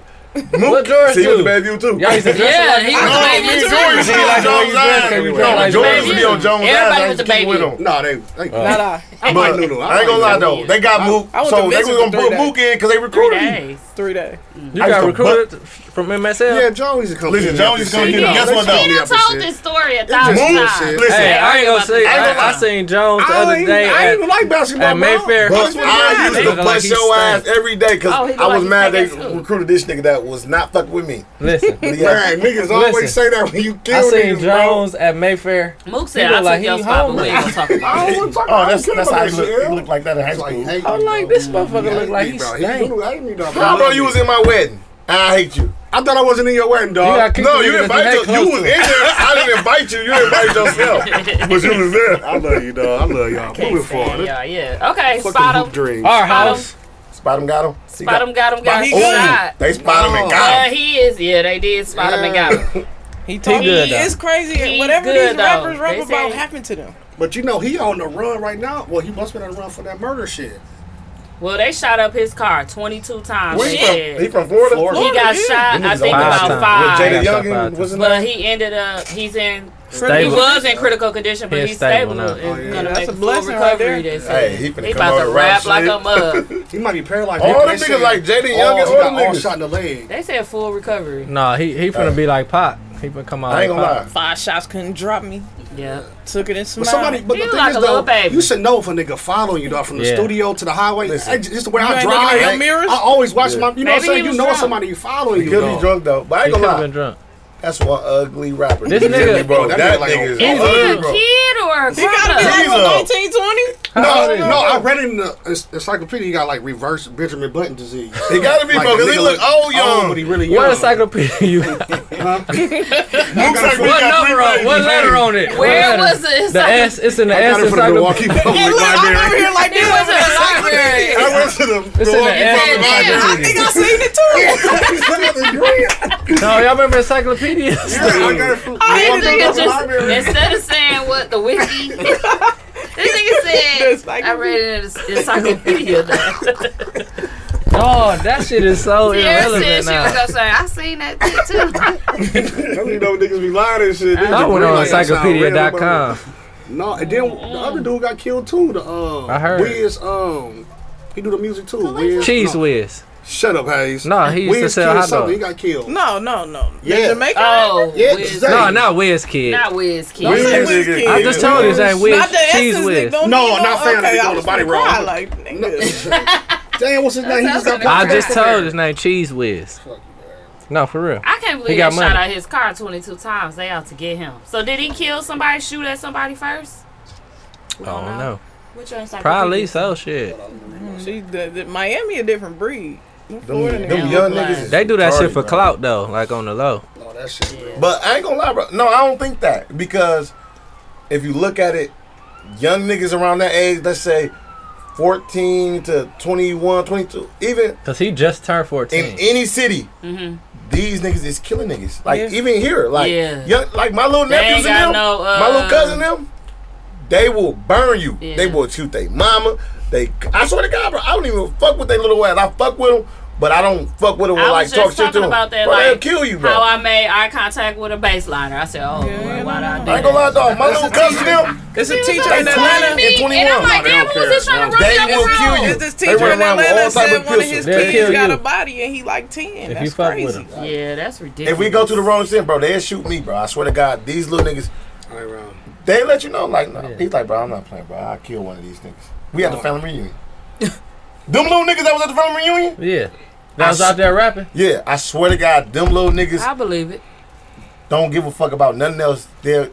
[SPEAKER 8] What George
[SPEAKER 4] see, he
[SPEAKER 8] do?
[SPEAKER 4] was the bad view too.
[SPEAKER 8] Y'all used to dress
[SPEAKER 6] Yeah,
[SPEAKER 8] like
[SPEAKER 6] he was
[SPEAKER 8] that?
[SPEAKER 4] No,
[SPEAKER 6] the
[SPEAKER 4] me
[SPEAKER 6] baby
[SPEAKER 4] and
[SPEAKER 6] too.
[SPEAKER 4] George used to be
[SPEAKER 7] Like
[SPEAKER 4] on
[SPEAKER 7] the way
[SPEAKER 4] Jones'
[SPEAKER 7] you dress,
[SPEAKER 4] eyes.
[SPEAKER 7] like you dress
[SPEAKER 4] No,
[SPEAKER 7] like
[SPEAKER 4] George
[SPEAKER 7] baby.
[SPEAKER 4] would be on Jones' eyes.
[SPEAKER 6] Everybody
[SPEAKER 4] I
[SPEAKER 6] was
[SPEAKER 4] used to
[SPEAKER 6] the
[SPEAKER 4] keep
[SPEAKER 6] baby.
[SPEAKER 4] with him.
[SPEAKER 7] No, they. they
[SPEAKER 9] Not I.
[SPEAKER 7] I
[SPEAKER 4] But
[SPEAKER 7] like Nunu.
[SPEAKER 4] I ain't gonna lie though, they got Mook,
[SPEAKER 9] I went
[SPEAKER 4] so
[SPEAKER 9] to
[SPEAKER 4] they was
[SPEAKER 9] Vincent
[SPEAKER 4] gonna
[SPEAKER 9] for three
[SPEAKER 4] put Mook in because they
[SPEAKER 6] Three
[SPEAKER 4] recruited him.
[SPEAKER 6] days.
[SPEAKER 9] Three day.
[SPEAKER 8] You
[SPEAKER 4] I used
[SPEAKER 8] got
[SPEAKER 4] to
[SPEAKER 8] recruited from MSL?
[SPEAKER 7] Yeah, Joe used to come.
[SPEAKER 4] Listen,
[SPEAKER 7] in
[SPEAKER 4] Joe
[SPEAKER 7] and
[SPEAKER 4] used to
[SPEAKER 7] say,
[SPEAKER 4] come in.
[SPEAKER 7] you know,
[SPEAKER 4] Guess
[SPEAKER 7] let's
[SPEAKER 4] what,
[SPEAKER 7] go
[SPEAKER 4] though?
[SPEAKER 7] in
[SPEAKER 6] He
[SPEAKER 7] the
[SPEAKER 6] done told
[SPEAKER 7] episode.
[SPEAKER 6] this story a
[SPEAKER 7] It just
[SPEAKER 6] thousand
[SPEAKER 7] moves
[SPEAKER 6] times.
[SPEAKER 7] shit.
[SPEAKER 4] Listen,
[SPEAKER 8] Hey, I ain't gonna
[SPEAKER 6] Everybody-
[SPEAKER 8] say.
[SPEAKER 4] I ain't gonna
[SPEAKER 8] I, I
[SPEAKER 4] lie.
[SPEAKER 8] seen Jones the
[SPEAKER 7] I
[SPEAKER 8] other
[SPEAKER 7] ain't,
[SPEAKER 8] day
[SPEAKER 7] I ain't
[SPEAKER 8] at,
[SPEAKER 7] even like basketball.
[SPEAKER 8] at
[SPEAKER 7] bro.
[SPEAKER 8] Mayfair.
[SPEAKER 7] That's
[SPEAKER 4] But
[SPEAKER 7] what
[SPEAKER 4] I
[SPEAKER 7] I'm
[SPEAKER 4] used
[SPEAKER 7] saying.
[SPEAKER 4] to
[SPEAKER 8] Nigga like
[SPEAKER 4] bust
[SPEAKER 8] he
[SPEAKER 4] your ass
[SPEAKER 8] stank.
[SPEAKER 4] every day because
[SPEAKER 6] Oh, he look
[SPEAKER 4] I was
[SPEAKER 6] like he
[SPEAKER 4] mad they
[SPEAKER 6] stank at school.
[SPEAKER 4] recruited this nigga that was not fucking with me.
[SPEAKER 8] Listen,
[SPEAKER 4] But he had-
[SPEAKER 7] Man, niggas always say that when you
[SPEAKER 8] I
[SPEAKER 7] kill
[SPEAKER 8] seen
[SPEAKER 7] niggas, bro.
[SPEAKER 8] Jones at Mayfair.
[SPEAKER 6] Mook said
[SPEAKER 8] look
[SPEAKER 6] I took
[SPEAKER 8] like he
[SPEAKER 6] your spot, but we
[SPEAKER 8] hungry.
[SPEAKER 6] ain't gonna talk about
[SPEAKER 7] I
[SPEAKER 6] it.
[SPEAKER 7] don't wanna talk-
[SPEAKER 4] Oh,
[SPEAKER 7] I don't
[SPEAKER 4] that's
[SPEAKER 7] care
[SPEAKER 4] that's
[SPEAKER 7] about
[SPEAKER 4] how he
[SPEAKER 7] that
[SPEAKER 4] looked.
[SPEAKER 7] shit,
[SPEAKER 4] He
[SPEAKER 7] bro.
[SPEAKER 4] looked like that in high
[SPEAKER 7] It's like,
[SPEAKER 4] school.
[SPEAKER 7] hate
[SPEAKER 8] I'm
[SPEAKER 7] me,
[SPEAKER 8] like,
[SPEAKER 7] bro.
[SPEAKER 8] this motherfucker
[SPEAKER 7] He
[SPEAKER 8] look
[SPEAKER 7] hate
[SPEAKER 8] like
[SPEAKER 7] me,
[SPEAKER 8] he
[SPEAKER 7] bro.
[SPEAKER 8] stank.
[SPEAKER 7] do- I ain't need no
[SPEAKER 4] Nah, bro,
[SPEAKER 7] money.
[SPEAKER 4] you was in my wedding. I hate you.
[SPEAKER 7] I thought I wasn't in your wedding,
[SPEAKER 8] You
[SPEAKER 7] dog.
[SPEAKER 8] gotta keep
[SPEAKER 4] no,
[SPEAKER 8] the
[SPEAKER 4] you
[SPEAKER 8] niggas that
[SPEAKER 4] invited.
[SPEAKER 8] you
[SPEAKER 4] You,
[SPEAKER 8] hate
[SPEAKER 4] you
[SPEAKER 8] close
[SPEAKER 4] was in there. I didn't invite you. You invited yourself, but you was there.
[SPEAKER 7] I love you, dog. I love y'all. Moving forward.
[SPEAKER 6] Yeah, yeah. Okay,
[SPEAKER 7] Fucking
[SPEAKER 6] spot
[SPEAKER 7] hoop
[SPEAKER 6] him.
[SPEAKER 7] dreams.
[SPEAKER 8] Our house.
[SPEAKER 4] Spot him, got him. He
[SPEAKER 6] Spot him, got him, got him.
[SPEAKER 4] Ooh,
[SPEAKER 6] Shot.
[SPEAKER 4] they spot him and got
[SPEAKER 6] Uh,
[SPEAKER 4] him.
[SPEAKER 6] he is. Yeah, they did spot him and got him.
[SPEAKER 9] He told me
[SPEAKER 8] good, though.
[SPEAKER 9] it's crazy.
[SPEAKER 6] He
[SPEAKER 9] Whatever
[SPEAKER 6] good,
[SPEAKER 9] these
[SPEAKER 6] though.
[SPEAKER 9] rappers rap
[SPEAKER 6] They
[SPEAKER 9] about
[SPEAKER 6] say-
[SPEAKER 9] happened to them.
[SPEAKER 7] But you know, he on the run right now. Well, he must been on the run for that murder shit.
[SPEAKER 6] Well, they shot up his car 22 times.
[SPEAKER 4] Where he
[SPEAKER 6] Shit.
[SPEAKER 4] from? He from Florida.
[SPEAKER 7] Florida.
[SPEAKER 6] He got
[SPEAKER 9] Yeah.
[SPEAKER 6] shot,
[SPEAKER 4] Them
[SPEAKER 6] I
[SPEAKER 4] niggas
[SPEAKER 6] think,
[SPEAKER 4] all
[SPEAKER 6] about
[SPEAKER 8] times.
[SPEAKER 6] five.
[SPEAKER 8] Yeah,
[SPEAKER 4] With Jada
[SPEAKER 8] Jada
[SPEAKER 4] Young,
[SPEAKER 8] Young,
[SPEAKER 4] and- what's his name?
[SPEAKER 6] But Uh, he ended up, he's in, he
[SPEAKER 8] Stable.
[SPEAKER 6] was in critical condition, but
[SPEAKER 8] He's
[SPEAKER 6] he's stable.
[SPEAKER 8] stable now.
[SPEAKER 6] now. It's
[SPEAKER 7] yeah.
[SPEAKER 6] gonna make
[SPEAKER 9] That's a
[SPEAKER 6] a full
[SPEAKER 9] blessing right
[SPEAKER 6] recovery,
[SPEAKER 9] there.
[SPEAKER 6] they
[SPEAKER 4] Hey,
[SPEAKER 6] say.
[SPEAKER 4] he finna
[SPEAKER 6] He
[SPEAKER 4] come
[SPEAKER 6] about
[SPEAKER 4] over
[SPEAKER 6] to
[SPEAKER 4] and
[SPEAKER 6] rap like
[SPEAKER 4] shit.
[SPEAKER 6] a mug.
[SPEAKER 7] [laughs] He might be paralyzed.
[SPEAKER 4] All
[SPEAKER 7] They
[SPEAKER 4] them
[SPEAKER 7] said-
[SPEAKER 4] niggas like Jaden Young
[SPEAKER 7] Oh,
[SPEAKER 4] and
[SPEAKER 7] he
[SPEAKER 4] all
[SPEAKER 7] got
[SPEAKER 4] them
[SPEAKER 7] all
[SPEAKER 4] niggas.
[SPEAKER 7] shot in the leg.
[SPEAKER 6] They said full recovery.
[SPEAKER 8] Nah, he he finna be like Pop. He finna come out.
[SPEAKER 4] I ain't
[SPEAKER 8] like
[SPEAKER 4] gonna lie.
[SPEAKER 8] Pac.
[SPEAKER 9] Five shots couldn't drop me.
[SPEAKER 6] Yeah.
[SPEAKER 9] Took it and smiled.
[SPEAKER 7] But somebody, but
[SPEAKER 6] He
[SPEAKER 7] the
[SPEAKER 6] was
[SPEAKER 7] thing
[SPEAKER 6] like
[SPEAKER 7] is
[SPEAKER 6] a little
[SPEAKER 7] though,
[SPEAKER 6] baby.
[SPEAKER 7] you should know if a nigga following you, dog, from the
[SPEAKER 8] Yeah.
[SPEAKER 7] studio to the highway. Listen, just the way
[SPEAKER 9] You
[SPEAKER 7] I
[SPEAKER 9] ain't
[SPEAKER 7] drive.
[SPEAKER 9] looking at no
[SPEAKER 7] I-
[SPEAKER 9] mirrors?
[SPEAKER 7] I always watch my. You know what
[SPEAKER 6] Maybe
[SPEAKER 7] I'm
[SPEAKER 6] he
[SPEAKER 7] saying? You
[SPEAKER 6] was
[SPEAKER 7] know if
[SPEAKER 6] drunk.
[SPEAKER 7] somebody following
[SPEAKER 4] He
[SPEAKER 7] you,
[SPEAKER 4] could
[SPEAKER 7] dog.
[SPEAKER 4] be drunk though, but I
[SPEAKER 8] He
[SPEAKER 4] ain't gonna
[SPEAKER 8] could've been
[SPEAKER 4] lie.
[SPEAKER 8] drunk.
[SPEAKER 4] That's one ugly rapper.
[SPEAKER 8] This
[SPEAKER 4] You feel
[SPEAKER 8] nigga-
[SPEAKER 4] me, bro.
[SPEAKER 7] That
[SPEAKER 4] That
[SPEAKER 7] nigga like
[SPEAKER 4] nigga
[SPEAKER 7] a-
[SPEAKER 4] is
[SPEAKER 6] Is he
[SPEAKER 4] ugly,
[SPEAKER 6] a
[SPEAKER 4] bro.
[SPEAKER 6] kid or a
[SPEAKER 9] He gotta be
[SPEAKER 6] grown up?
[SPEAKER 9] like
[SPEAKER 4] Jesus.
[SPEAKER 9] what, 1920?
[SPEAKER 8] How old
[SPEAKER 7] No,
[SPEAKER 8] is
[SPEAKER 7] no,
[SPEAKER 8] he?
[SPEAKER 7] I read in the en- encyclopedia he got like reverse Benjamin Button disease.
[SPEAKER 4] [laughs] He gotta be,
[SPEAKER 7] Like,
[SPEAKER 4] bro,
[SPEAKER 7] the
[SPEAKER 4] because he
[SPEAKER 7] nigga
[SPEAKER 4] look old, young.
[SPEAKER 7] but he really young.
[SPEAKER 8] What encyclopedia you? What
[SPEAKER 4] Looks like we
[SPEAKER 8] number
[SPEAKER 4] got three
[SPEAKER 8] on? What
[SPEAKER 4] babies.
[SPEAKER 8] letter on it? What
[SPEAKER 6] Where
[SPEAKER 8] letter?
[SPEAKER 6] was it?
[SPEAKER 8] The S. It's in the
[SPEAKER 7] I
[SPEAKER 8] S
[SPEAKER 7] got it from the Milwaukee Public
[SPEAKER 8] encyclopedia.
[SPEAKER 9] Hey, look, I'm over
[SPEAKER 7] Library.
[SPEAKER 9] here like
[SPEAKER 6] He
[SPEAKER 9] this.
[SPEAKER 6] was in the library.
[SPEAKER 4] I went to the
[SPEAKER 8] It's in the
[SPEAKER 4] Milwaukee
[SPEAKER 8] S
[SPEAKER 4] Public Library.
[SPEAKER 9] I think I
[SPEAKER 8] encyclopedia.
[SPEAKER 9] seen it too.
[SPEAKER 8] No, y'all remember encyclopedias?
[SPEAKER 7] I got it from the
[SPEAKER 6] This
[SPEAKER 7] Milwaukee
[SPEAKER 6] nigga
[SPEAKER 7] Public
[SPEAKER 6] just,
[SPEAKER 7] Library.
[SPEAKER 6] instead of saying what the wiki, [laughs] this nigga
[SPEAKER 9] It's
[SPEAKER 6] said,
[SPEAKER 9] like-
[SPEAKER 6] I read it in the encyclopedia.
[SPEAKER 8] [laughs] Oh, that shit is so
[SPEAKER 6] Tara said
[SPEAKER 8] irrelevant
[SPEAKER 6] she was
[SPEAKER 8] now.
[SPEAKER 6] gonna say, I seen that shit too.
[SPEAKER 7] That's when you know niggas be lying and shit. They
[SPEAKER 8] I
[SPEAKER 7] just
[SPEAKER 8] went on
[SPEAKER 7] really like, that's not real,
[SPEAKER 8] encyclopedia.com.
[SPEAKER 7] bro. No, and then the other dude got killed too. The um,
[SPEAKER 8] I heard.
[SPEAKER 7] Wiz, um, he do the music too. Wiz,
[SPEAKER 8] Cheese
[SPEAKER 7] no,
[SPEAKER 8] Whiz.
[SPEAKER 7] Shut up, Hayes.
[SPEAKER 8] No, he used to
[SPEAKER 7] Wiz
[SPEAKER 8] sell
[SPEAKER 7] killed
[SPEAKER 8] hot
[SPEAKER 7] something, He
[SPEAKER 8] dogs.
[SPEAKER 7] got killed.
[SPEAKER 9] No, no, no.
[SPEAKER 7] Yeah.
[SPEAKER 9] Yeah. Jamaica.
[SPEAKER 6] Oh,
[SPEAKER 7] Yeah,
[SPEAKER 6] Wiz,
[SPEAKER 7] exactly.
[SPEAKER 8] No, not Whiz Kid.
[SPEAKER 6] not Wiz Kid.
[SPEAKER 7] Wiz,
[SPEAKER 9] Wiz
[SPEAKER 7] nigga,
[SPEAKER 9] Kid.
[SPEAKER 7] yeah.
[SPEAKER 8] I just told you his name Whiz.
[SPEAKER 9] Not the
[SPEAKER 8] Cheese
[SPEAKER 9] essence, nigga.
[SPEAKER 8] Whiz.
[SPEAKER 9] Don't
[SPEAKER 7] No,
[SPEAKER 9] need
[SPEAKER 7] not saying
[SPEAKER 9] okay,
[SPEAKER 7] they
[SPEAKER 9] I
[SPEAKER 7] doing
[SPEAKER 9] was
[SPEAKER 7] the body
[SPEAKER 9] finna cry,
[SPEAKER 7] wrong.
[SPEAKER 9] Like, nigga.
[SPEAKER 7] [laughs] Damn, what's his name? He just got
[SPEAKER 8] I
[SPEAKER 7] popped.
[SPEAKER 8] just told his name Cheese Whiz. No, for real.
[SPEAKER 6] I can't
[SPEAKER 8] He
[SPEAKER 6] believe
[SPEAKER 8] got
[SPEAKER 6] they shot
[SPEAKER 8] money.
[SPEAKER 6] out his car 22 times. They out to get him. So did he kill somebody, shoot at somebody first?
[SPEAKER 8] I don't know.
[SPEAKER 6] What's your encyclopedia?
[SPEAKER 8] Probably so shit.
[SPEAKER 9] She, the, the, Miami a different breed. Them Florida
[SPEAKER 4] Them,
[SPEAKER 9] niggas.
[SPEAKER 4] them young
[SPEAKER 6] Like-
[SPEAKER 4] niggas. is
[SPEAKER 8] They do that shit
[SPEAKER 4] retarded,
[SPEAKER 8] for
[SPEAKER 4] bro.
[SPEAKER 8] clout though, like on the low.
[SPEAKER 7] Oh, that shit. real.
[SPEAKER 4] But I ain't gonna lie, bro. No, I don't think that because if you look at it, young niggas around that age, let's say 14 to 21, 22, even
[SPEAKER 8] Cause he just turned
[SPEAKER 4] in
[SPEAKER 8] 14.
[SPEAKER 9] Mm.
[SPEAKER 4] any city,
[SPEAKER 6] Mm-hmm.
[SPEAKER 4] these niggas is killing niggas. Like
[SPEAKER 9] Yeah.
[SPEAKER 4] even here, like
[SPEAKER 6] Yeah.
[SPEAKER 4] young, like my little
[SPEAKER 6] ain't
[SPEAKER 4] nephews and
[SPEAKER 6] got
[SPEAKER 4] them,
[SPEAKER 6] no, uh,
[SPEAKER 4] my little cousin and them, they will burn you.
[SPEAKER 6] Yeah.
[SPEAKER 4] They will shoot they mama. They, I swear to God, bro, I don't even fuck with they little ass. I fuck with them, but I don't fuck with them.
[SPEAKER 6] I
[SPEAKER 4] With,
[SPEAKER 6] was
[SPEAKER 4] like
[SPEAKER 6] just
[SPEAKER 4] talk shit to
[SPEAKER 6] talking
[SPEAKER 4] them.
[SPEAKER 6] about that,
[SPEAKER 4] bro,
[SPEAKER 6] like
[SPEAKER 4] they'll kill you, bro.
[SPEAKER 6] How I made eye contact with a baseliner. I said, oh,
[SPEAKER 9] Yeah,
[SPEAKER 6] Lord, why'd
[SPEAKER 9] no,
[SPEAKER 6] I
[SPEAKER 9] no.
[SPEAKER 6] do
[SPEAKER 4] I ain't gonna
[SPEAKER 6] that?
[SPEAKER 4] lie, dog. My little cousin them.
[SPEAKER 9] It's a
[SPEAKER 6] He was
[SPEAKER 9] teacher
[SPEAKER 6] like,
[SPEAKER 9] in
[SPEAKER 4] They
[SPEAKER 9] Atlanta.
[SPEAKER 6] "Fuck me,"
[SPEAKER 4] In
[SPEAKER 6] And I'm
[SPEAKER 4] 21.
[SPEAKER 6] like,
[SPEAKER 7] They
[SPEAKER 6] damn,
[SPEAKER 7] don't
[SPEAKER 6] who was this
[SPEAKER 7] care.
[SPEAKER 6] trying to
[SPEAKER 7] No.
[SPEAKER 6] run
[SPEAKER 4] They
[SPEAKER 6] me up
[SPEAKER 4] will
[SPEAKER 6] his
[SPEAKER 4] kill
[SPEAKER 6] road?
[SPEAKER 4] you.
[SPEAKER 9] It's this
[SPEAKER 4] They
[SPEAKER 9] teacher
[SPEAKER 4] run
[SPEAKER 9] in
[SPEAKER 4] around with
[SPEAKER 9] Atlanta
[SPEAKER 4] all type
[SPEAKER 9] said
[SPEAKER 4] of
[SPEAKER 9] one of his
[SPEAKER 4] pistols.
[SPEAKER 8] They'll
[SPEAKER 9] kids
[SPEAKER 8] kill
[SPEAKER 9] got
[SPEAKER 8] you.
[SPEAKER 9] a body and he like 10.
[SPEAKER 8] If
[SPEAKER 9] That's
[SPEAKER 8] you fuck with
[SPEAKER 9] crazy.
[SPEAKER 8] him.
[SPEAKER 6] Yeah, that's ridiculous.
[SPEAKER 4] If we go to the wrong sin, bro, they'll shoot me, bro. I swear to God, these little niggas,
[SPEAKER 7] I ain't wrong.
[SPEAKER 4] they let you know, like, no. He's like, bro, I'm not playing, bro. I'll kill one of these niggas. We had the family reunion. them little niggas that was at the family reunion?
[SPEAKER 8] Yeah. That was
[SPEAKER 4] I s-
[SPEAKER 8] out there rapping.
[SPEAKER 4] Yeah, I swear to God, them little niggas
[SPEAKER 6] I believe it.
[SPEAKER 4] don't give a fuck about nothing else. They're,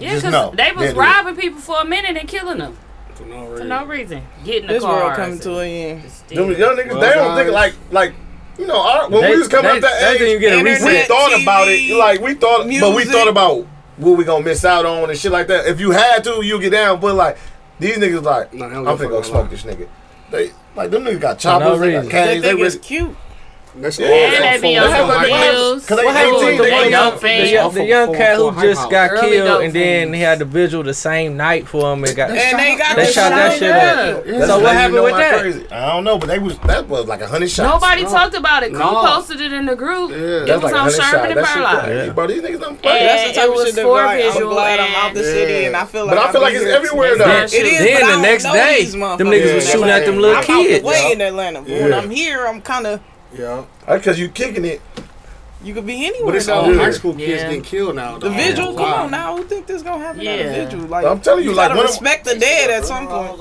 [SPEAKER 6] Yeah,
[SPEAKER 4] Just
[SPEAKER 6] because
[SPEAKER 4] know.
[SPEAKER 6] they was
[SPEAKER 4] They'll do it.
[SPEAKER 6] robbing people for a minute and killing them
[SPEAKER 7] For no
[SPEAKER 6] for
[SPEAKER 7] reason.
[SPEAKER 6] no reason. Getting the
[SPEAKER 9] This
[SPEAKER 6] cars.
[SPEAKER 9] world coming to an end.
[SPEAKER 4] them young niggas,
[SPEAKER 7] Well,
[SPEAKER 4] they don't think,
[SPEAKER 7] guys.
[SPEAKER 4] like, like, you know, our, when
[SPEAKER 8] they,
[SPEAKER 4] we was coming
[SPEAKER 8] they,
[SPEAKER 4] up that
[SPEAKER 8] they
[SPEAKER 4] age,
[SPEAKER 8] didn't even get a
[SPEAKER 9] Internet.
[SPEAKER 4] we
[SPEAKER 8] reset.
[SPEAKER 4] thought
[SPEAKER 9] TV,
[SPEAKER 4] about it. Like we thought, but we
[SPEAKER 9] music.
[SPEAKER 4] thought about what we gonna miss out on and shit like that. If you had to, you get down. But like these niggas, like
[SPEAKER 7] No, they don't
[SPEAKER 4] I'm gonna
[SPEAKER 7] give a
[SPEAKER 4] go
[SPEAKER 7] fuck
[SPEAKER 4] smoke
[SPEAKER 7] about
[SPEAKER 4] this nigga. They like them niggas got choppers, they got
[SPEAKER 8] reason.
[SPEAKER 9] They
[SPEAKER 4] canes, they
[SPEAKER 9] think it's
[SPEAKER 4] risk.
[SPEAKER 9] cute.
[SPEAKER 7] That's
[SPEAKER 4] Yeah,
[SPEAKER 7] all
[SPEAKER 4] and
[SPEAKER 7] full-
[SPEAKER 6] they be
[SPEAKER 7] full-
[SPEAKER 4] on
[SPEAKER 7] full-
[SPEAKER 4] some
[SPEAKER 7] full-
[SPEAKER 6] pills.
[SPEAKER 4] Cause they
[SPEAKER 6] What happened with
[SPEAKER 4] 18,
[SPEAKER 6] the
[SPEAKER 4] they
[SPEAKER 6] one
[SPEAKER 4] ain't
[SPEAKER 6] young
[SPEAKER 4] young.
[SPEAKER 6] fan?
[SPEAKER 8] The, young- the young cat who just got
[SPEAKER 6] Early
[SPEAKER 8] killed
[SPEAKER 6] dope
[SPEAKER 8] and then
[SPEAKER 6] fiends.
[SPEAKER 8] he had the vigil the same night for him. It got
[SPEAKER 9] And they got
[SPEAKER 8] They
[SPEAKER 9] the
[SPEAKER 8] shot that
[SPEAKER 9] shot
[SPEAKER 8] shit
[SPEAKER 9] up.
[SPEAKER 8] up.
[SPEAKER 7] Yeah.
[SPEAKER 8] So what
[SPEAKER 4] Like, you
[SPEAKER 8] happened
[SPEAKER 4] know
[SPEAKER 8] with
[SPEAKER 4] how
[SPEAKER 8] that?
[SPEAKER 4] crazy- I don't know, but they was that was like a hundred shots.
[SPEAKER 6] Nobody talked about it. Crew
[SPEAKER 7] No.
[SPEAKER 6] posted it in the group.
[SPEAKER 7] Yeah.
[SPEAKER 6] it was
[SPEAKER 4] That's like a
[SPEAKER 6] on
[SPEAKER 4] hundred
[SPEAKER 6] Sherman
[SPEAKER 4] shots.
[SPEAKER 6] and
[SPEAKER 4] That shit
[SPEAKER 6] Burlock.
[SPEAKER 4] crazy, bro. These niggas don't
[SPEAKER 6] And
[SPEAKER 4] play.
[SPEAKER 9] That's the type
[SPEAKER 6] it
[SPEAKER 9] of
[SPEAKER 6] was
[SPEAKER 9] shit that
[SPEAKER 6] for
[SPEAKER 9] like, I'm
[SPEAKER 6] visual
[SPEAKER 9] glad I'm out
[SPEAKER 6] and-
[SPEAKER 9] the city and I feel like
[SPEAKER 4] But I feel like it's everywhere though.
[SPEAKER 6] That's
[SPEAKER 9] It is,
[SPEAKER 8] Then
[SPEAKER 9] but I
[SPEAKER 8] the
[SPEAKER 9] don't
[SPEAKER 8] next
[SPEAKER 9] know
[SPEAKER 8] day,
[SPEAKER 9] these
[SPEAKER 8] them
[SPEAKER 9] motherfuckers
[SPEAKER 8] niggas
[SPEAKER 9] in
[SPEAKER 8] was shooting at them
[SPEAKER 9] Atlanta.
[SPEAKER 8] little
[SPEAKER 9] I'm out
[SPEAKER 8] kids.
[SPEAKER 9] the way in Atlanta. But When I'm here, I'm kind of
[SPEAKER 4] Yeah. That's because you kicking it.
[SPEAKER 9] You could be anywhere.
[SPEAKER 7] But it's
[SPEAKER 9] though.
[SPEAKER 7] all high school kids
[SPEAKER 9] Yeah.
[SPEAKER 7] getting killed now.
[SPEAKER 9] The
[SPEAKER 7] though.
[SPEAKER 9] vigil, come
[SPEAKER 7] Wow.
[SPEAKER 9] on now. Who think this gonna happen? Yeah.
[SPEAKER 7] Yeah.
[SPEAKER 9] the vigil, like
[SPEAKER 7] I'm telling you, like,
[SPEAKER 9] gotta
[SPEAKER 7] one of-
[SPEAKER 9] respect the dead at some point.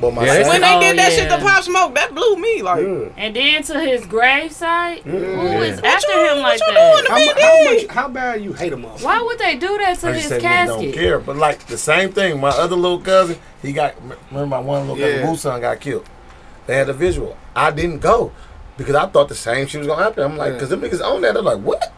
[SPEAKER 4] But my
[SPEAKER 9] When
[SPEAKER 4] son-
[SPEAKER 9] they did that shit to
[SPEAKER 3] oh, yeah.
[SPEAKER 9] Pop Smoke, that blew me. Like,
[SPEAKER 3] And then to his gravesite, who
[SPEAKER 7] Yeah.
[SPEAKER 3] is
[SPEAKER 7] What
[SPEAKER 3] after him like that?
[SPEAKER 7] you How, mu- how much? How bad you hate him?
[SPEAKER 3] Why would they do that to
[SPEAKER 4] I
[SPEAKER 3] his
[SPEAKER 4] just say men don't
[SPEAKER 3] casket?
[SPEAKER 4] care. But like the same thing, my other little cousin, he got remember my one little cousin,
[SPEAKER 7] Yeah.
[SPEAKER 4] Boo son got killed. They had a visual. I didn't go because I thought the same shit was gonna happen. I'm like,
[SPEAKER 7] Yeah.
[SPEAKER 4] because them niggas own that. I'm like, what?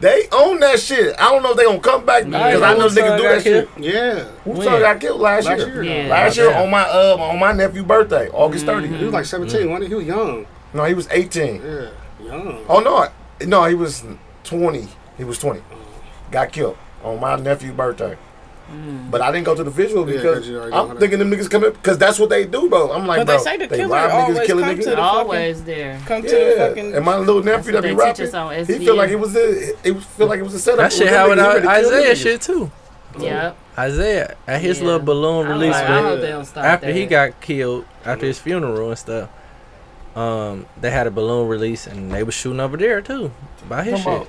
[SPEAKER 4] They own that shit. I don't know if they gonna come back because I know
[SPEAKER 7] Whose son
[SPEAKER 4] niggas do
[SPEAKER 7] got
[SPEAKER 4] that shit.
[SPEAKER 7] killed? Yeah.
[SPEAKER 4] Who son got killed last,
[SPEAKER 7] Last
[SPEAKER 4] year?
[SPEAKER 7] year. Yeah.
[SPEAKER 4] Last year
[SPEAKER 7] Yeah.
[SPEAKER 4] on my uh on my nephew's birthday, August 30th.
[SPEAKER 7] He was like 17, wasn't he? He was young.
[SPEAKER 4] No, he was 18.
[SPEAKER 7] Yeah, young.
[SPEAKER 4] Oh no, I- no, he was 20. He was 20. Got killed on my nephew's birthday. But I didn't go to the visual
[SPEAKER 7] Yeah,
[SPEAKER 4] because
[SPEAKER 7] 'cause you already know how
[SPEAKER 4] I'm
[SPEAKER 7] that-
[SPEAKER 4] thinking them niggas coming because that's what they do, bro. I'm like,
[SPEAKER 9] but
[SPEAKER 4] bro,
[SPEAKER 9] they say the killer
[SPEAKER 4] rob
[SPEAKER 9] always come
[SPEAKER 4] killing
[SPEAKER 9] to the fucking,
[SPEAKER 3] Always there.
[SPEAKER 9] come to the
[SPEAKER 4] yeah,
[SPEAKER 9] fucking.
[SPEAKER 4] and my little nephew that
[SPEAKER 3] That's
[SPEAKER 4] be
[SPEAKER 3] what they
[SPEAKER 4] rapping,
[SPEAKER 3] teach us on
[SPEAKER 4] he feel like
[SPEAKER 3] SVU.
[SPEAKER 4] it was a, it was- feel like it was a setup.
[SPEAKER 8] That shit
[SPEAKER 4] was
[SPEAKER 8] happened
[SPEAKER 4] really
[SPEAKER 8] with
[SPEAKER 4] him to kill them
[SPEAKER 8] Isaiah
[SPEAKER 4] niggas.
[SPEAKER 8] shit too.
[SPEAKER 3] Yep.
[SPEAKER 8] Isaiah at his
[SPEAKER 3] Yeah.
[SPEAKER 8] little balloon
[SPEAKER 3] I'm
[SPEAKER 8] release
[SPEAKER 3] like, I
[SPEAKER 8] man,
[SPEAKER 3] hope they don't stop
[SPEAKER 8] after he
[SPEAKER 3] that.
[SPEAKER 8] got killed after his funeral and stuff. Um, they had a balloon release and they was shooting over there too by his
[SPEAKER 4] Come
[SPEAKER 8] shit.
[SPEAKER 4] on,